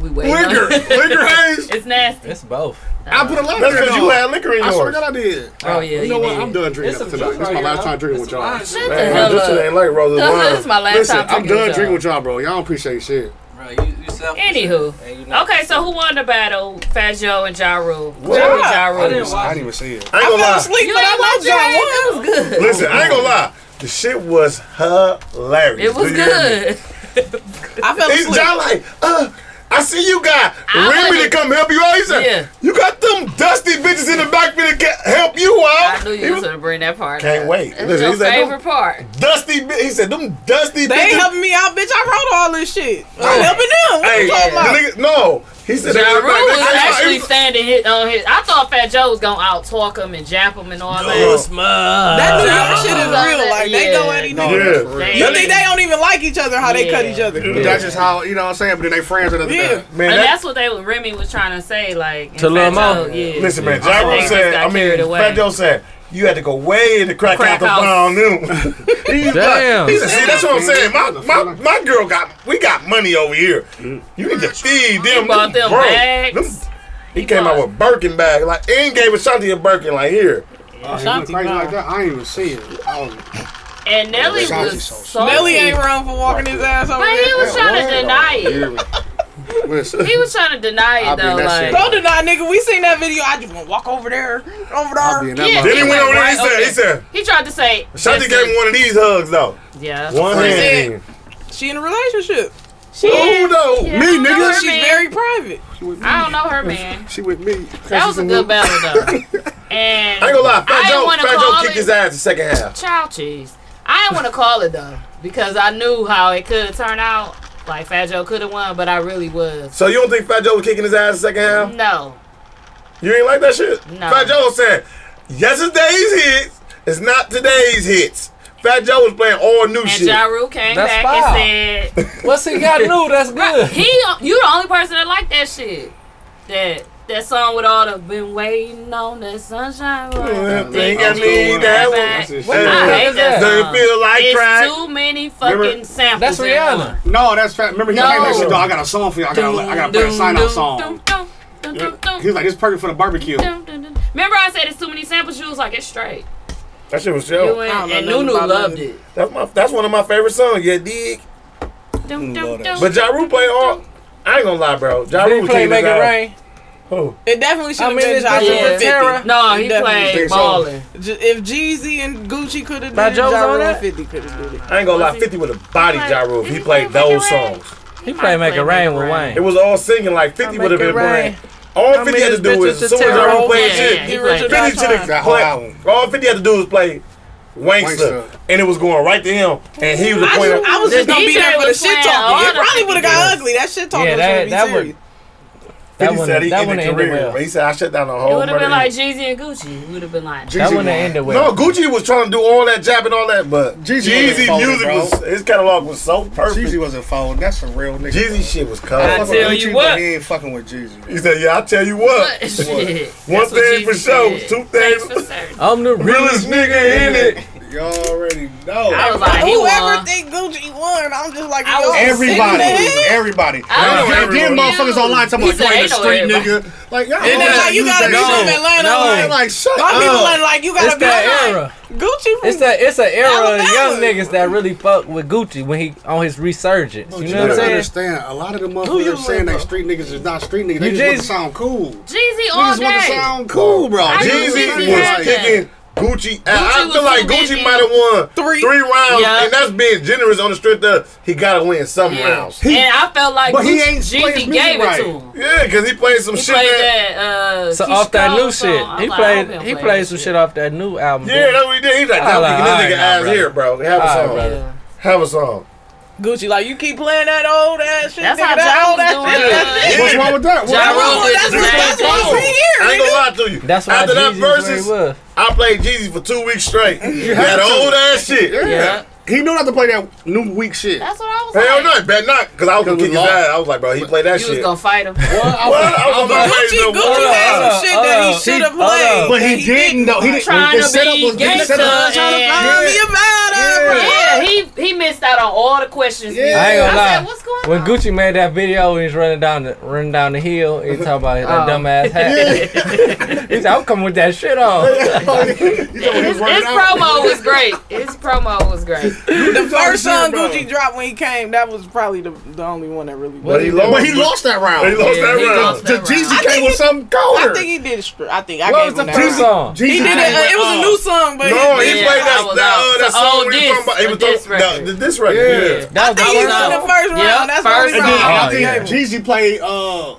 [SPEAKER 2] We waiting on
[SPEAKER 4] Liquor, liquor haze.
[SPEAKER 6] It's nasty.
[SPEAKER 8] It's both.
[SPEAKER 7] I put a lot of
[SPEAKER 4] That's
[SPEAKER 7] liquor in
[SPEAKER 4] because you
[SPEAKER 7] dog.
[SPEAKER 4] had liquor in
[SPEAKER 7] I swear to
[SPEAKER 4] yours.
[SPEAKER 7] God, I did.
[SPEAKER 6] Oh yeah,
[SPEAKER 7] You know what? I'm done
[SPEAKER 8] It's
[SPEAKER 7] drinking
[SPEAKER 8] some
[SPEAKER 7] up tonight.
[SPEAKER 8] juice
[SPEAKER 7] This is my
[SPEAKER 8] right
[SPEAKER 7] last
[SPEAKER 8] here,
[SPEAKER 7] time drinking with y'all.
[SPEAKER 6] Shut the
[SPEAKER 4] Man,
[SPEAKER 6] hell
[SPEAKER 4] this shit
[SPEAKER 6] up.
[SPEAKER 4] ain't like
[SPEAKER 6] [laughs]
[SPEAKER 4] roses
[SPEAKER 6] This
[SPEAKER 4] wine.
[SPEAKER 6] is my last
[SPEAKER 7] Listen,
[SPEAKER 6] time.
[SPEAKER 7] I'm
[SPEAKER 6] drinking
[SPEAKER 7] done
[SPEAKER 6] with
[SPEAKER 7] drinking
[SPEAKER 6] y'all.
[SPEAKER 7] with y'all, bro. Y'all don't appreciate shit.
[SPEAKER 10] Bro, you, you selfish.
[SPEAKER 6] Anywho.
[SPEAKER 10] And you know-
[SPEAKER 6] Okay, so who won the battle? Fat Joe and Ja Rule. Ja Rule, Ja Rule.
[SPEAKER 10] I didn't
[SPEAKER 7] I
[SPEAKER 10] watch
[SPEAKER 7] didn't
[SPEAKER 10] it.
[SPEAKER 7] even see it.
[SPEAKER 4] I ain't gonna
[SPEAKER 9] fell
[SPEAKER 4] lie.
[SPEAKER 9] asleep, but I know John
[SPEAKER 6] It was good.
[SPEAKER 4] Listen, I ain't gonna lie. The shit was hilarious.
[SPEAKER 6] It was
[SPEAKER 4] Do you hear me?
[SPEAKER 6] good.
[SPEAKER 9] won. I fell
[SPEAKER 4] He's
[SPEAKER 9] asleep.
[SPEAKER 4] John like, uh, I see you got Remy to
[SPEAKER 6] wasn't-
[SPEAKER 4] come help you out. He said,
[SPEAKER 6] Yeah.
[SPEAKER 4] you got them dusty bitches in the back finna ca- help you out.
[SPEAKER 6] I knew
[SPEAKER 4] He
[SPEAKER 6] you was
[SPEAKER 4] was-
[SPEAKER 6] gonna bring that part.
[SPEAKER 4] [laughs] Can't
[SPEAKER 6] up.
[SPEAKER 4] wait.
[SPEAKER 6] That's
[SPEAKER 4] Listen,
[SPEAKER 6] your
[SPEAKER 4] he said,
[SPEAKER 6] favorite part.
[SPEAKER 4] dusty, bi- he said, them dusty
[SPEAKER 9] They ain't
[SPEAKER 4] bitches.
[SPEAKER 9] helping me out, bitch. I wrote all this shit. I'm helping them. What
[SPEAKER 4] Hey,
[SPEAKER 9] you
[SPEAKER 4] the
[SPEAKER 9] talking about?
[SPEAKER 4] nigga, no. He said,
[SPEAKER 6] Ja
[SPEAKER 4] they-
[SPEAKER 6] Rule
[SPEAKER 4] they- they
[SPEAKER 6] was
[SPEAKER 4] came out,
[SPEAKER 6] actually
[SPEAKER 4] he was-
[SPEAKER 6] standing hit on his. I thought Fat Joe was gonna out talk him and jap him and all that.
[SPEAKER 9] That New
[SPEAKER 6] Uh,
[SPEAKER 9] York shit is real. Like they go at each
[SPEAKER 7] No,
[SPEAKER 9] other.
[SPEAKER 7] that's
[SPEAKER 4] Oh, Yeah.
[SPEAKER 7] for real.
[SPEAKER 6] Damn.
[SPEAKER 9] You think they don't even like each other? How they cut
[SPEAKER 6] Yeah.
[SPEAKER 9] each other?
[SPEAKER 7] That's just how you know what I'm saying. But then they friends at the
[SPEAKER 9] Yeah.
[SPEAKER 4] Man,
[SPEAKER 6] And
[SPEAKER 4] that-
[SPEAKER 6] that's what they Remy was trying to say, like and
[SPEAKER 8] To Lil
[SPEAKER 6] Fat
[SPEAKER 8] Mo.
[SPEAKER 6] Joe, Yeah.
[SPEAKER 4] Listen, man,
[SPEAKER 6] I
[SPEAKER 4] John
[SPEAKER 6] think
[SPEAKER 4] Rule
[SPEAKER 6] he
[SPEAKER 4] said,
[SPEAKER 6] just
[SPEAKER 4] I
[SPEAKER 6] got
[SPEAKER 4] mean,
[SPEAKER 6] carried away.
[SPEAKER 4] Fat Joe said, you had to go way to crack,
[SPEAKER 6] Crack
[SPEAKER 4] out the
[SPEAKER 6] house.
[SPEAKER 4] pound [laughs] new. He's
[SPEAKER 8] Damn.
[SPEAKER 4] Like, he said, see, that's what I'm saying. Mm. My, my, my girl got, we got money over here. You need to feed them.
[SPEAKER 6] bought them
[SPEAKER 4] broke.
[SPEAKER 6] bags.
[SPEAKER 4] Them- he, came out
[SPEAKER 6] bought-
[SPEAKER 4] with Birkin bag, like, and gave Ashanti a Birkin, like, here.
[SPEAKER 7] crazy like that. I ain't even see it. I was-
[SPEAKER 6] And Nelly
[SPEAKER 7] Ashanti
[SPEAKER 6] was
[SPEAKER 7] so-
[SPEAKER 6] so
[SPEAKER 9] Nelly ain't run for walking his ass over
[SPEAKER 6] But he
[SPEAKER 9] there.
[SPEAKER 6] was trying to deny
[SPEAKER 7] You
[SPEAKER 6] it.
[SPEAKER 7] hear me?
[SPEAKER 4] [laughs]
[SPEAKER 7] Listen,
[SPEAKER 6] He was trying to deny it
[SPEAKER 7] I'll be
[SPEAKER 6] though.
[SPEAKER 7] that shit.
[SPEAKER 6] Like
[SPEAKER 9] Don't deny, nigga. We seen that video. I just want to walk over there, over
[SPEAKER 7] I'll be
[SPEAKER 9] there.
[SPEAKER 7] in that
[SPEAKER 6] Yeah.
[SPEAKER 4] Then he
[SPEAKER 6] He
[SPEAKER 4] went
[SPEAKER 6] went
[SPEAKER 4] over there, he
[SPEAKER 6] right
[SPEAKER 4] said, he said,
[SPEAKER 6] he tried to say.
[SPEAKER 4] Ashanti
[SPEAKER 6] listen,
[SPEAKER 4] gave him one of these hugs, though.
[SPEAKER 6] Yeah.
[SPEAKER 4] One
[SPEAKER 9] That's
[SPEAKER 4] hand.
[SPEAKER 9] She in a relationship.
[SPEAKER 6] She,
[SPEAKER 4] Who, though?
[SPEAKER 6] Yeah, I
[SPEAKER 4] Oh, Me,
[SPEAKER 6] don't know
[SPEAKER 4] nigga.
[SPEAKER 6] her
[SPEAKER 9] She's
[SPEAKER 6] man.
[SPEAKER 9] very private.
[SPEAKER 7] She with me.
[SPEAKER 6] I don't know her man.
[SPEAKER 7] She with me.
[SPEAKER 6] That was a good battle
[SPEAKER 4] [laughs]
[SPEAKER 6] though. And
[SPEAKER 4] I ain't gonna lie,
[SPEAKER 6] I
[SPEAKER 4] Fat
[SPEAKER 6] didn't
[SPEAKER 4] Joe,
[SPEAKER 6] wanna
[SPEAKER 4] Fat
[SPEAKER 6] call
[SPEAKER 4] Joe kicked
[SPEAKER 6] it-
[SPEAKER 4] his ass the second half.
[SPEAKER 6] Child cheese. I didn't want to call it though because I knew how it could turn out. Like Fat Joe could have won, but I really was.
[SPEAKER 4] So you don't think Fat Joe was kicking his ass the second half?
[SPEAKER 6] No.
[SPEAKER 4] You ain't like that shit?
[SPEAKER 6] No.
[SPEAKER 4] Fat Joe said, yesterday's hits is not today's hits. Fat Joe was playing all new
[SPEAKER 6] And
[SPEAKER 4] shit.
[SPEAKER 6] Ja Rule came
[SPEAKER 8] That's
[SPEAKER 6] back
[SPEAKER 8] foul.
[SPEAKER 6] and said,
[SPEAKER 8] What's he
[SPEAKER 4] [laughs]
[SPEAKER 8] got new? That's good.
[SPEAKER 6] "He, you the only person that liked that shit. That that song with all the been waiting on that sunshine.
[SPEAKER 4] I
[SPEAKER 6] Right?
[SPEAKER 4] think I need that one.
[SPEAKER 7] That's his
[SPEAKER 6] I
[SPEAKER 7] shit.
[SPEAKER 6] hate that
[SPEAKER 4] Does it
[SPEAKER 6] song.
[SPEAKER 4] feel like
[SPEAKER 6] It's
[SPEAKER 4] crack?
[SPEAKER 6] too many fucking
[SPEAKER 7] Remember-
[SPEAKER 6] samples.
[SPEAKER 8] That's
[SPEAKER 6] in
[SPEAKER 8] Rihanna.
[SPEAKER 6] one.
[SPEAKER 7] No, that's fat. Remember he
[SPEAKER 6] No.
[SPEAKER 7] came back and said, "Dog, I got a song for you. I gotta, I gotta play a
[SPEAKER 6] Dum,
[SPEAKER 7] sign
[SPEAKER 6] dum,
[SPEAKER 7] out song."
[SPEAKER 6] dum, dum, dum, dum, dum,
[SPEAKER 7] He was like, "This is perfect for the barbecue."
[SPEAKER 6] dum, dum, dum. Remember, I said it's too many samples. You was like, it's straight.
[SPEAKER 4] That shit was
[SPEAKER 6] You
[SPEAKER 4] Joe.
[SPEAKER 6] and,
[SPEAKER 9] I
[SPEAKER 6] and
[SPEAKER 9] don't know
[SPEAKER 6] Nunu
[SPEAKER 9] nothing about
[SPEAKER 6] loved
[SPEAKER 9] Nunu.
[SPEAKER 6] it.
[SPEAKER 4] That's my that's one of my favorite songs, yeah, dig.
[SPEAKER 6] Dum, dum, dum.
[SPEAKER 4] But Ja Rule played all I ain't gonna lie, bro. Ja Rule
[SPEAKER 8] Did he
[SPEAKER 4] was
[SPEAKER 8] play
[SPEAKER 4] kicking his
[SPEAKER 8] Make It
[SPEAKER 4] ass.
[SPEAKER 8] Rain?
[SPEAKER 4] Who?
[SPEAKER 9] It definitely should
[SPEAKER 8] I
[SPEAKER 9] have
[SPEAKER 8] mean,
[SPEAKER 9] been
[SPEAKER 8] it's
[SPEAKER 9] Ja Rule
[SPEAKER 8] been
[SPEAKER 9] for
[SPEAKER 8] Tara.
[SPEAKER 9] 50.
[SPEAKER 6] no, he
[SPEAKER 9] Definitely
[SPEAKER 6] played
[SPEAKER 7] think so.
[SPEAKER 6] balling.
[SPEAKER 9] J- If Jeezy and Gucci could have
[SPEAKER 8] By
[SPEAKER 9] done it,
[SPEAKER 8] Joe's
[SPEAKER 9] Ja
[SPEAKER 8] on
[SPEAKER 9] Rule
[SPEAKER 8] that?
[SPEAKER 9] 50 could have did it.
[SPEAKER 4] I ain't gonna lie, 50 with a body Ja Rule if he played those songs.
[SPEAKER 8] He played Make It Rain with
[SPEAKER 4] It
[SPEAKER 8] Wayne.
[SPEAKER 4] was all singing, like 50 would have been
[SPEAKER 8] Make it
[SPEAKER 4] playing. All 50 had to do was, as soon as Ja Rule played
[SPEAKER 6] Yeah,
[SPEAKER 4] shit,
[SPEAKER 6] yeah,
[SPEAKER 9] Get
[SPEAKER 6] he
[SPEAKER 9] rich or
[SPEAKER 6] played
[SPEAKER 9] die
[SPEAKER 4] 50 to
[SPEAKER 9] trying.
[SPEAKER 4] the
[SPEAKER 7] That whole
[SPEAKER 4] play-
[SPEAKER 7] album.
[SPEAKER 4] All 50 had to do was play Wankster.
[SPEAKER 7] Wankster.
[SPEAKER 4] And it was going right to him. And he was the
[SPEAKER 9] I,
[SPEAKER 4] point
[SPEAKER 9] just, I was just
[SPEAKER 6] The
[SPEAKER 9] gonna be
[SPEAKER 6] DJ
[SPEAKER 9] there for the
[SPEAKER 6] was
[SPEAKER 9] shit
[SPEAKER 6] playing
[SPEAKER 9] talking.
[SPEAKER 6] all
[SPEAKER 9] It
[SPEAKER 6] the
[SPEAKER 9] probably would have got ugly. That shit talking
[SPEAKER 8] Yeah,
[SPEAKER 9] was
[SPEAKER 8] that-
[SPEAKER 9] gonna be
[SPEAKER 8] that would-
[SPEAKER 9] serious.
[SPEAKER 8] That
[SPEAKER 4] 50
[SPEAKER 8] one,
[SPEAKER 4] said he
[SPEAKER 8] that one
[SPEAKER 4] ended
[SPEAKER 8] ended
[SPEAKER 4] career.
[SPEAKER 8] well.
[SPEAKER 4] He said, I shut down the
[SPEAKER 6] It
[SPEAKER 4] whole
[SPEAKER 6] would have been
[SPEAKER 4] murder
[SPEAKER 6] like
[SPEAKER 4] game."
[SPEAKER 6] Jeezy and Gucci. It would have been like.
[SPEAKER 8] That one
[SPEAKER 7] won.
[SPEAKER 8] ended well.
[SPEAKER 4] No, Gucci was trying to do all that jabbing, all that, but
[SPEAKER 7] Jeezy
[SPEAKER 4] Jeezy
[SPEAKER 7] wasn't folding,
[SPEAKER 4] music
[SPEAKER 7] bro.
[SPEAKER 4] was, his catalog was so perfect.
[SPEAKER 7] Jeezy
[SPEAKER 4] Jeezy,
[SPEAKER 7] wasn't folding. That's a real nigga. bro.
[SPEAKER 4] shit was
[SPEAKER 7] Fuck
[SPEAKER 6] I
[SPEAKER 4] cold.
[SPEAKER 7] with
[SPEAKER 6] tell
[SPEAKER 7] Gucci,
[SPEAKER 6] you
[SPEAKER 7] but
[SPEAKER 6] what.
[SPEAKER 7] he ain't fucking with Jeezy.
[SPEAKER 4] He said, yeah, I tell you what.
[SPEAKER 6] [laughs] Shit.
[SPEAKER 4] One
[SPEAKER 6] That's what
[SPEAKER 4] thing for
[SPEAKER 6] Jeezy
[SPEAKER 4] sure,
[SPEAKER 6] said.
[SPEAKER 4] two
[SPEAKER 6] Thanks
[SPEAKER 4] things.
[SPEAKER 6] for certain.
[SPEAKER 8] I'm the realest.
[SPEAKER 4] Realest nigga in it.
[SPEAKER 7] You already know.
[SPEAKER 6] I was like, he
[SPEAKER 9] Whoever
[SPEAKER 6] won.
[SPEAKER 9] think Gucci won, I'm just like,
[SPEAKER 6] I
[SPEAKER 9] yo,
[SPEAKER 6] was
[SPEAKER 4] Everybody,
[SPEAKER 9] sick in the head.
[SPEAKER 4] everybody.
[SPEAKER 6] I
[SPEAKER 7] don't
[SPEAKER 4] Then-
[SPEAKER 7] know
[SPEAKER 4] Then
[SPEAKER 7] everyone.
[SPEAKER 4] motherfuckers online talking
[SPEAKER 6] He
[SPEAKER 4] about
[SPEAKER 6] said,
[SPEAKER 4] you ain't a
[SPEAKER 6] "Ain't no
[SPEAKER 4] street
[SPEAKER 6] everybody."
[SPEAKER 4] nigga. Like y'all,
[SPEAKER 9] And that's
[SPEAKER 4] always
[SPEAKER 9] how you
[SPEAKER 4] use
[SPEAKER 9] gotta
[SPEAKER 4] that
[SPEAKER 9] be from
[SPEAKER 4] shit.
[SPEAKER 9] Atlanta.
[SPEAKER 8] no.
[SPEAKER 9] Like,
[SPEAKER 4] I'm like, shut
[SPEAKER 9] my people
[SPEAKER 4] up.
[SPEAKER 9] ain't like you
[SPEAKER 8] It's
[SPEAKER 9] gotta be
[SPEAKER 8] that
[SPEAKER 9] like
[SPEAKER 8] era.
[SPEAKER 9] Gucci. From,
[SPEAKER 8] It's that it's an era of young
[SPEAKER 9] Alabama.
[SPEAKER 8] niggas that really fuck with Gucci when he on his resurgence.
[SPEAKER 7] But
[SPEAKER 4] Oh,
[SPEAKER 8] You
[SPEAKER 7] you
[SPEAKER 8] know what
[SPEAKER 7] gotta
[SPEAKER 8] I'm saying?
[SPEAKER 7] understand, a lot of the
[SPEAKER 9] Who you
[SPEAKER 7] motherfuckers saying
[SPEAKER 9] with,
[SPEAKER 7] that street niggas is not street niggas. They
[SPEAKER 8] You
[SPEAKER 7] just want to
[SPEAKER 8] just-
[SPEAKER 7] sound cool.
[SPEAKER 6] Jeezy
[SPEAKER 7] Niggas
[SPEAKER 6] all
[SPEAKER 7] want to
[SPEAKER 6] day.
[SPEAKER 7] sound cool, bro.
[SPEAKER 6] I
[SPEAKER 7] Jeezy
[SPEAKER 6] just
[SPEAKER 4] Jeezy
[SPEAKER 6] Gucci
[SPEAKER 4] was
[SPEAKER 6] had that.
[SPEAKER 4] kicking Gucci. and I
[SPEAKER 6] was
[SPEAKER 4] feel like
[SPEAKER 6] too
[SPEAKER 4] Gucci
[SPEAKER 6] busy.
[SPEAKER 4] might have won
[SPEAKER 9] Three.
[SPEAKER 4] three rounds,
[SPEAKER 6] Yeah.
[SPEAKER 4] and that's being generous on the strip. There, he gotta win some rounds.
[SPEAKER 6] and I felt like
[SPEAKER 7] But
[SPEAKER 6] Gucci-
[SPEAKER 7] he ain't play his
[SPEAKER 6] Jeezy
[SPEAKER 7] music
[SPEAKER 6] gave
[SPEAKER 7] right.
[SPEAKER 6] it to him.
[SPEAKER 4] Yeah, because he played some
[SPEAKER 6] He
[SPEAKER 4] shit.
[SPEAKER 6] played
[SPEAKER 4] that-
[SPEAKER 6] that. Uh,
[SPEAKER 8] So
[SPEAKER 6] Keisha
[SPEAKER 8] off that
[SPEAKER 6] Cole
[SPEAKER 8] new
[SPEAKER 6] song.
[SPEAKER 8] shit,
[SPEAKER 6] I'm
[SPEAKER 8] he
[SPEAKER 6] like, I
[SPEAKER 8] played
[SPEAKER 6] hope he'll
[SPEAKER 8] he
[SPEAKER 6] play
[SPEAKER 8] played
[SPEAKER 6] this
[SPEAKER 8] some shit off that new album.
[SPEAKER 4] Yeah, that's what he did. He's like,
[SPEAKER 8] I
[SPEAKER 4] I'm
[SPEAKER 8] like-
[SPEAKER 4] kicking
[SPEAKER 8] I ain't
[SPEAKER 4] this nigga
[SPEAKER 8] not,
[SPEAKER 4] ass
[SPEAKER 8] brother.
[SPEAKER 4] here, bro. Have a
[SPEAKER 8] All right,
[SPEAKER 4] song.
[SPEAKER 8] brother.
[SPEAKER 4] Have a song.
[SPEAKER 9] Gucci, like you keep playing that old ass shit.
[SPEAKER 6] That's
[SPEAKER 9] nigga,
[SPEAKER 6] how
[SPEAKER 9] that
[SPEAKER 6] Ja
[SPEAKER 9] old
[SPEAKER 6] was
[SPEAKER 9] ass
[SPEAKER 6] doing
[SPEAKER 9] shit.
[SPEAKER 6] it.
[SPEAKER 9] That's it.
[SPEAKER 4] Yeah.
[SPEAKER 7] What's wrong with that?
[SPEAKER 6] Ja
[SPEAKER 7] What-
[SPEAKER 6] Rule did
[SPEAKER 9] That's
[SPEAKER 6] the
[SPEAKER 9] what- that's
[SPEAKER 6] same
[SPEAKER 9] what
[SPEAKER 6] thing.
[SPEAKER 9] I'm saying here,
[SPEAKER 4] I ain't gonna
[SPEAKER 9] nigga.
[SPEAKER 4] lie to you.
[SPEAKER 8] That's why
[SPEAKER 4] After that
[SPEAKER 8] Jeezy was where he
[SPEAKER 4] versus,
[SPEAKER 8] was.
[SPEAKER 4] I played Jeezy for two weeks straight. that old ass shit.
[SPEAKER 6] Yeah.
[SPEAKER 7] He knew not to play that new weak shit.
[SPEAKER 6] That's what I was
[SPEAKER 4] Hell
[SPEAKER 6] like.
[SPEAKER 4] no, it better not. Because I was gonna
[SPEAKER 7] Because
[SPEAKER 4] kick his
[SPEAKER 7] we lost.
[SPEAKER 4] ass. I was like, bro, he played that
[SPEAKER 6] You was
[SPEAKER 4] shit.
[SPEAKER 6] gonna Oh, fight him.
[SPEAKER 4] Well, I was on my way
[SPEAKER 9] Gucci,
[SPEAKER 4] to the
[SPEAKER 9] Gucci had some shit that he
[SPEAKER 8] Hold
[SPEAKER 9] should
[SPEAKER 8] up,
[SPEAKER 9] have
[SPEAKER 8] hold up.
[SPEAKER 9] played.
[SPEAKER 7] But he didn't though. He didn't.
[SPEAKER 6] Trying
[SPEAKER 7] the
[SPEAKER 6] to
[SPEAKER 7] setup
[SPEAKER 6] be
[SPEAKER 7] was- the
[SPEAKER 6] gangsta
[SPEAKER 7] setup-
[SPEAKER 6] and-
[SPEAKER 9] Find me about her, bro.
[SPEAKER 6] Yeah, he he missed out on all the questions.
[SPEAKER 7] Yeah.
[SPEAKER 8] I ain't gonna
[SPEAKER 6] I
[SPEAKER 8] lie.
[SPEAKER 6] said, "What's going
[SPEAKER 8] when
[SPEAKER 6] on?"
[SPEAKER 8] Gucci made that video when he's running down the running down the hill, he talking about that
[SPEAKER 6] Oh.
[SPEAKER 8] dumbass hat. [laughs] he said, "I'm coming with that shit on."
[SPEAKER 6] His, his promo was great. His promo was great.
[SPEAKER 9] The first song
[SPEAKER 7] bro.
[SPEAKER 9] Gucci dropped when he came, that was probably the, the only one that really.
[SPEAKER 4] But he lost.
[SPEAKER 7] But he lost that
[SPEAKER 4] He
[SPEAKER 7] round.
[SPEAKER 4] lost
[SPEAKER 6] Yeah,
[SPEAKER 4] that
[SPEAKER 6] he
[SPEAKER 4] round.
[SPEAKER 6] lost
[SPEAKER 7] The
[SPEAKER 6] that round.
[SPEAKER 7] Jeezy came with something
[SPEAKER 9] I
[SPEAKER 7] colder.
[SPEAKER 9] think he did. str- I think I
[SPEAKER 8] What
[SPEAKER 9] gave
[SPEAKER 8] was
[SPEAKER 9] him
[SPEAKER 8] the
[SPEAKER 9] that.
[SPEAKER 8] first
[SPEAKER 9] round.
[SPEAKER 8] song?
[SPEAKER 7] Jeezy
[SPEAKER 9] He did it.
[SPEAKER 7] came with,
[SPEAKER 9] uh, It was a
[SPEAKER 7] uh,
[SPEAKER 9] new song, but
[SPEAKER 4] No,
[SPEAKER 9] he
[SPEAKER 4] he
[SPEAKER 6] Yeah,
[SPEAKER 4] played
[SPEAKER 6] I
[SPEAKER 4] that,
[SPEAKER 6] was
[SPEAKER 4] that,
[SPEAKER 6] out.
[SPEAKER 4] uh, that
[SPEAKER 6] So,
[SPEAKER 4] song
[SPEAKER 6] oh,
[SPEAKER 4] when he
[SPEAKER 6] diss,
[SPEAKER 4] was talking about. He
[SPEAKER 6] a
[SPEAKER 4] was
[SPEAKER 6] diss
[SPEAKER 4] talking
[SPEAKER 6] record.
[SPEAKER 4] about this record. Yeah.
[SPEAKER 8] That was
[SPEAKER 9] think he
[SPEAKER 8] the
[SPEAKER 9] was in
[SPEAKER 8] first
[SPEAKER 9] the
[SPEAKER 8] song.
[SPEAKER 9] first round.
[SPEAKER 6] Yeah,
[SPEAKER 9] That's the
[SPEAKER 6] first
[SPEAKER 9] only
[SPEAKER 7] And then
[SPEAKER 9] round.
[SPEAKER 7] I
[SPEAKER 8] Oh,
[SPEAKER 7] think
[SPEAKER 8] yeah.
[SPEAKER 7] Jeezy played uh,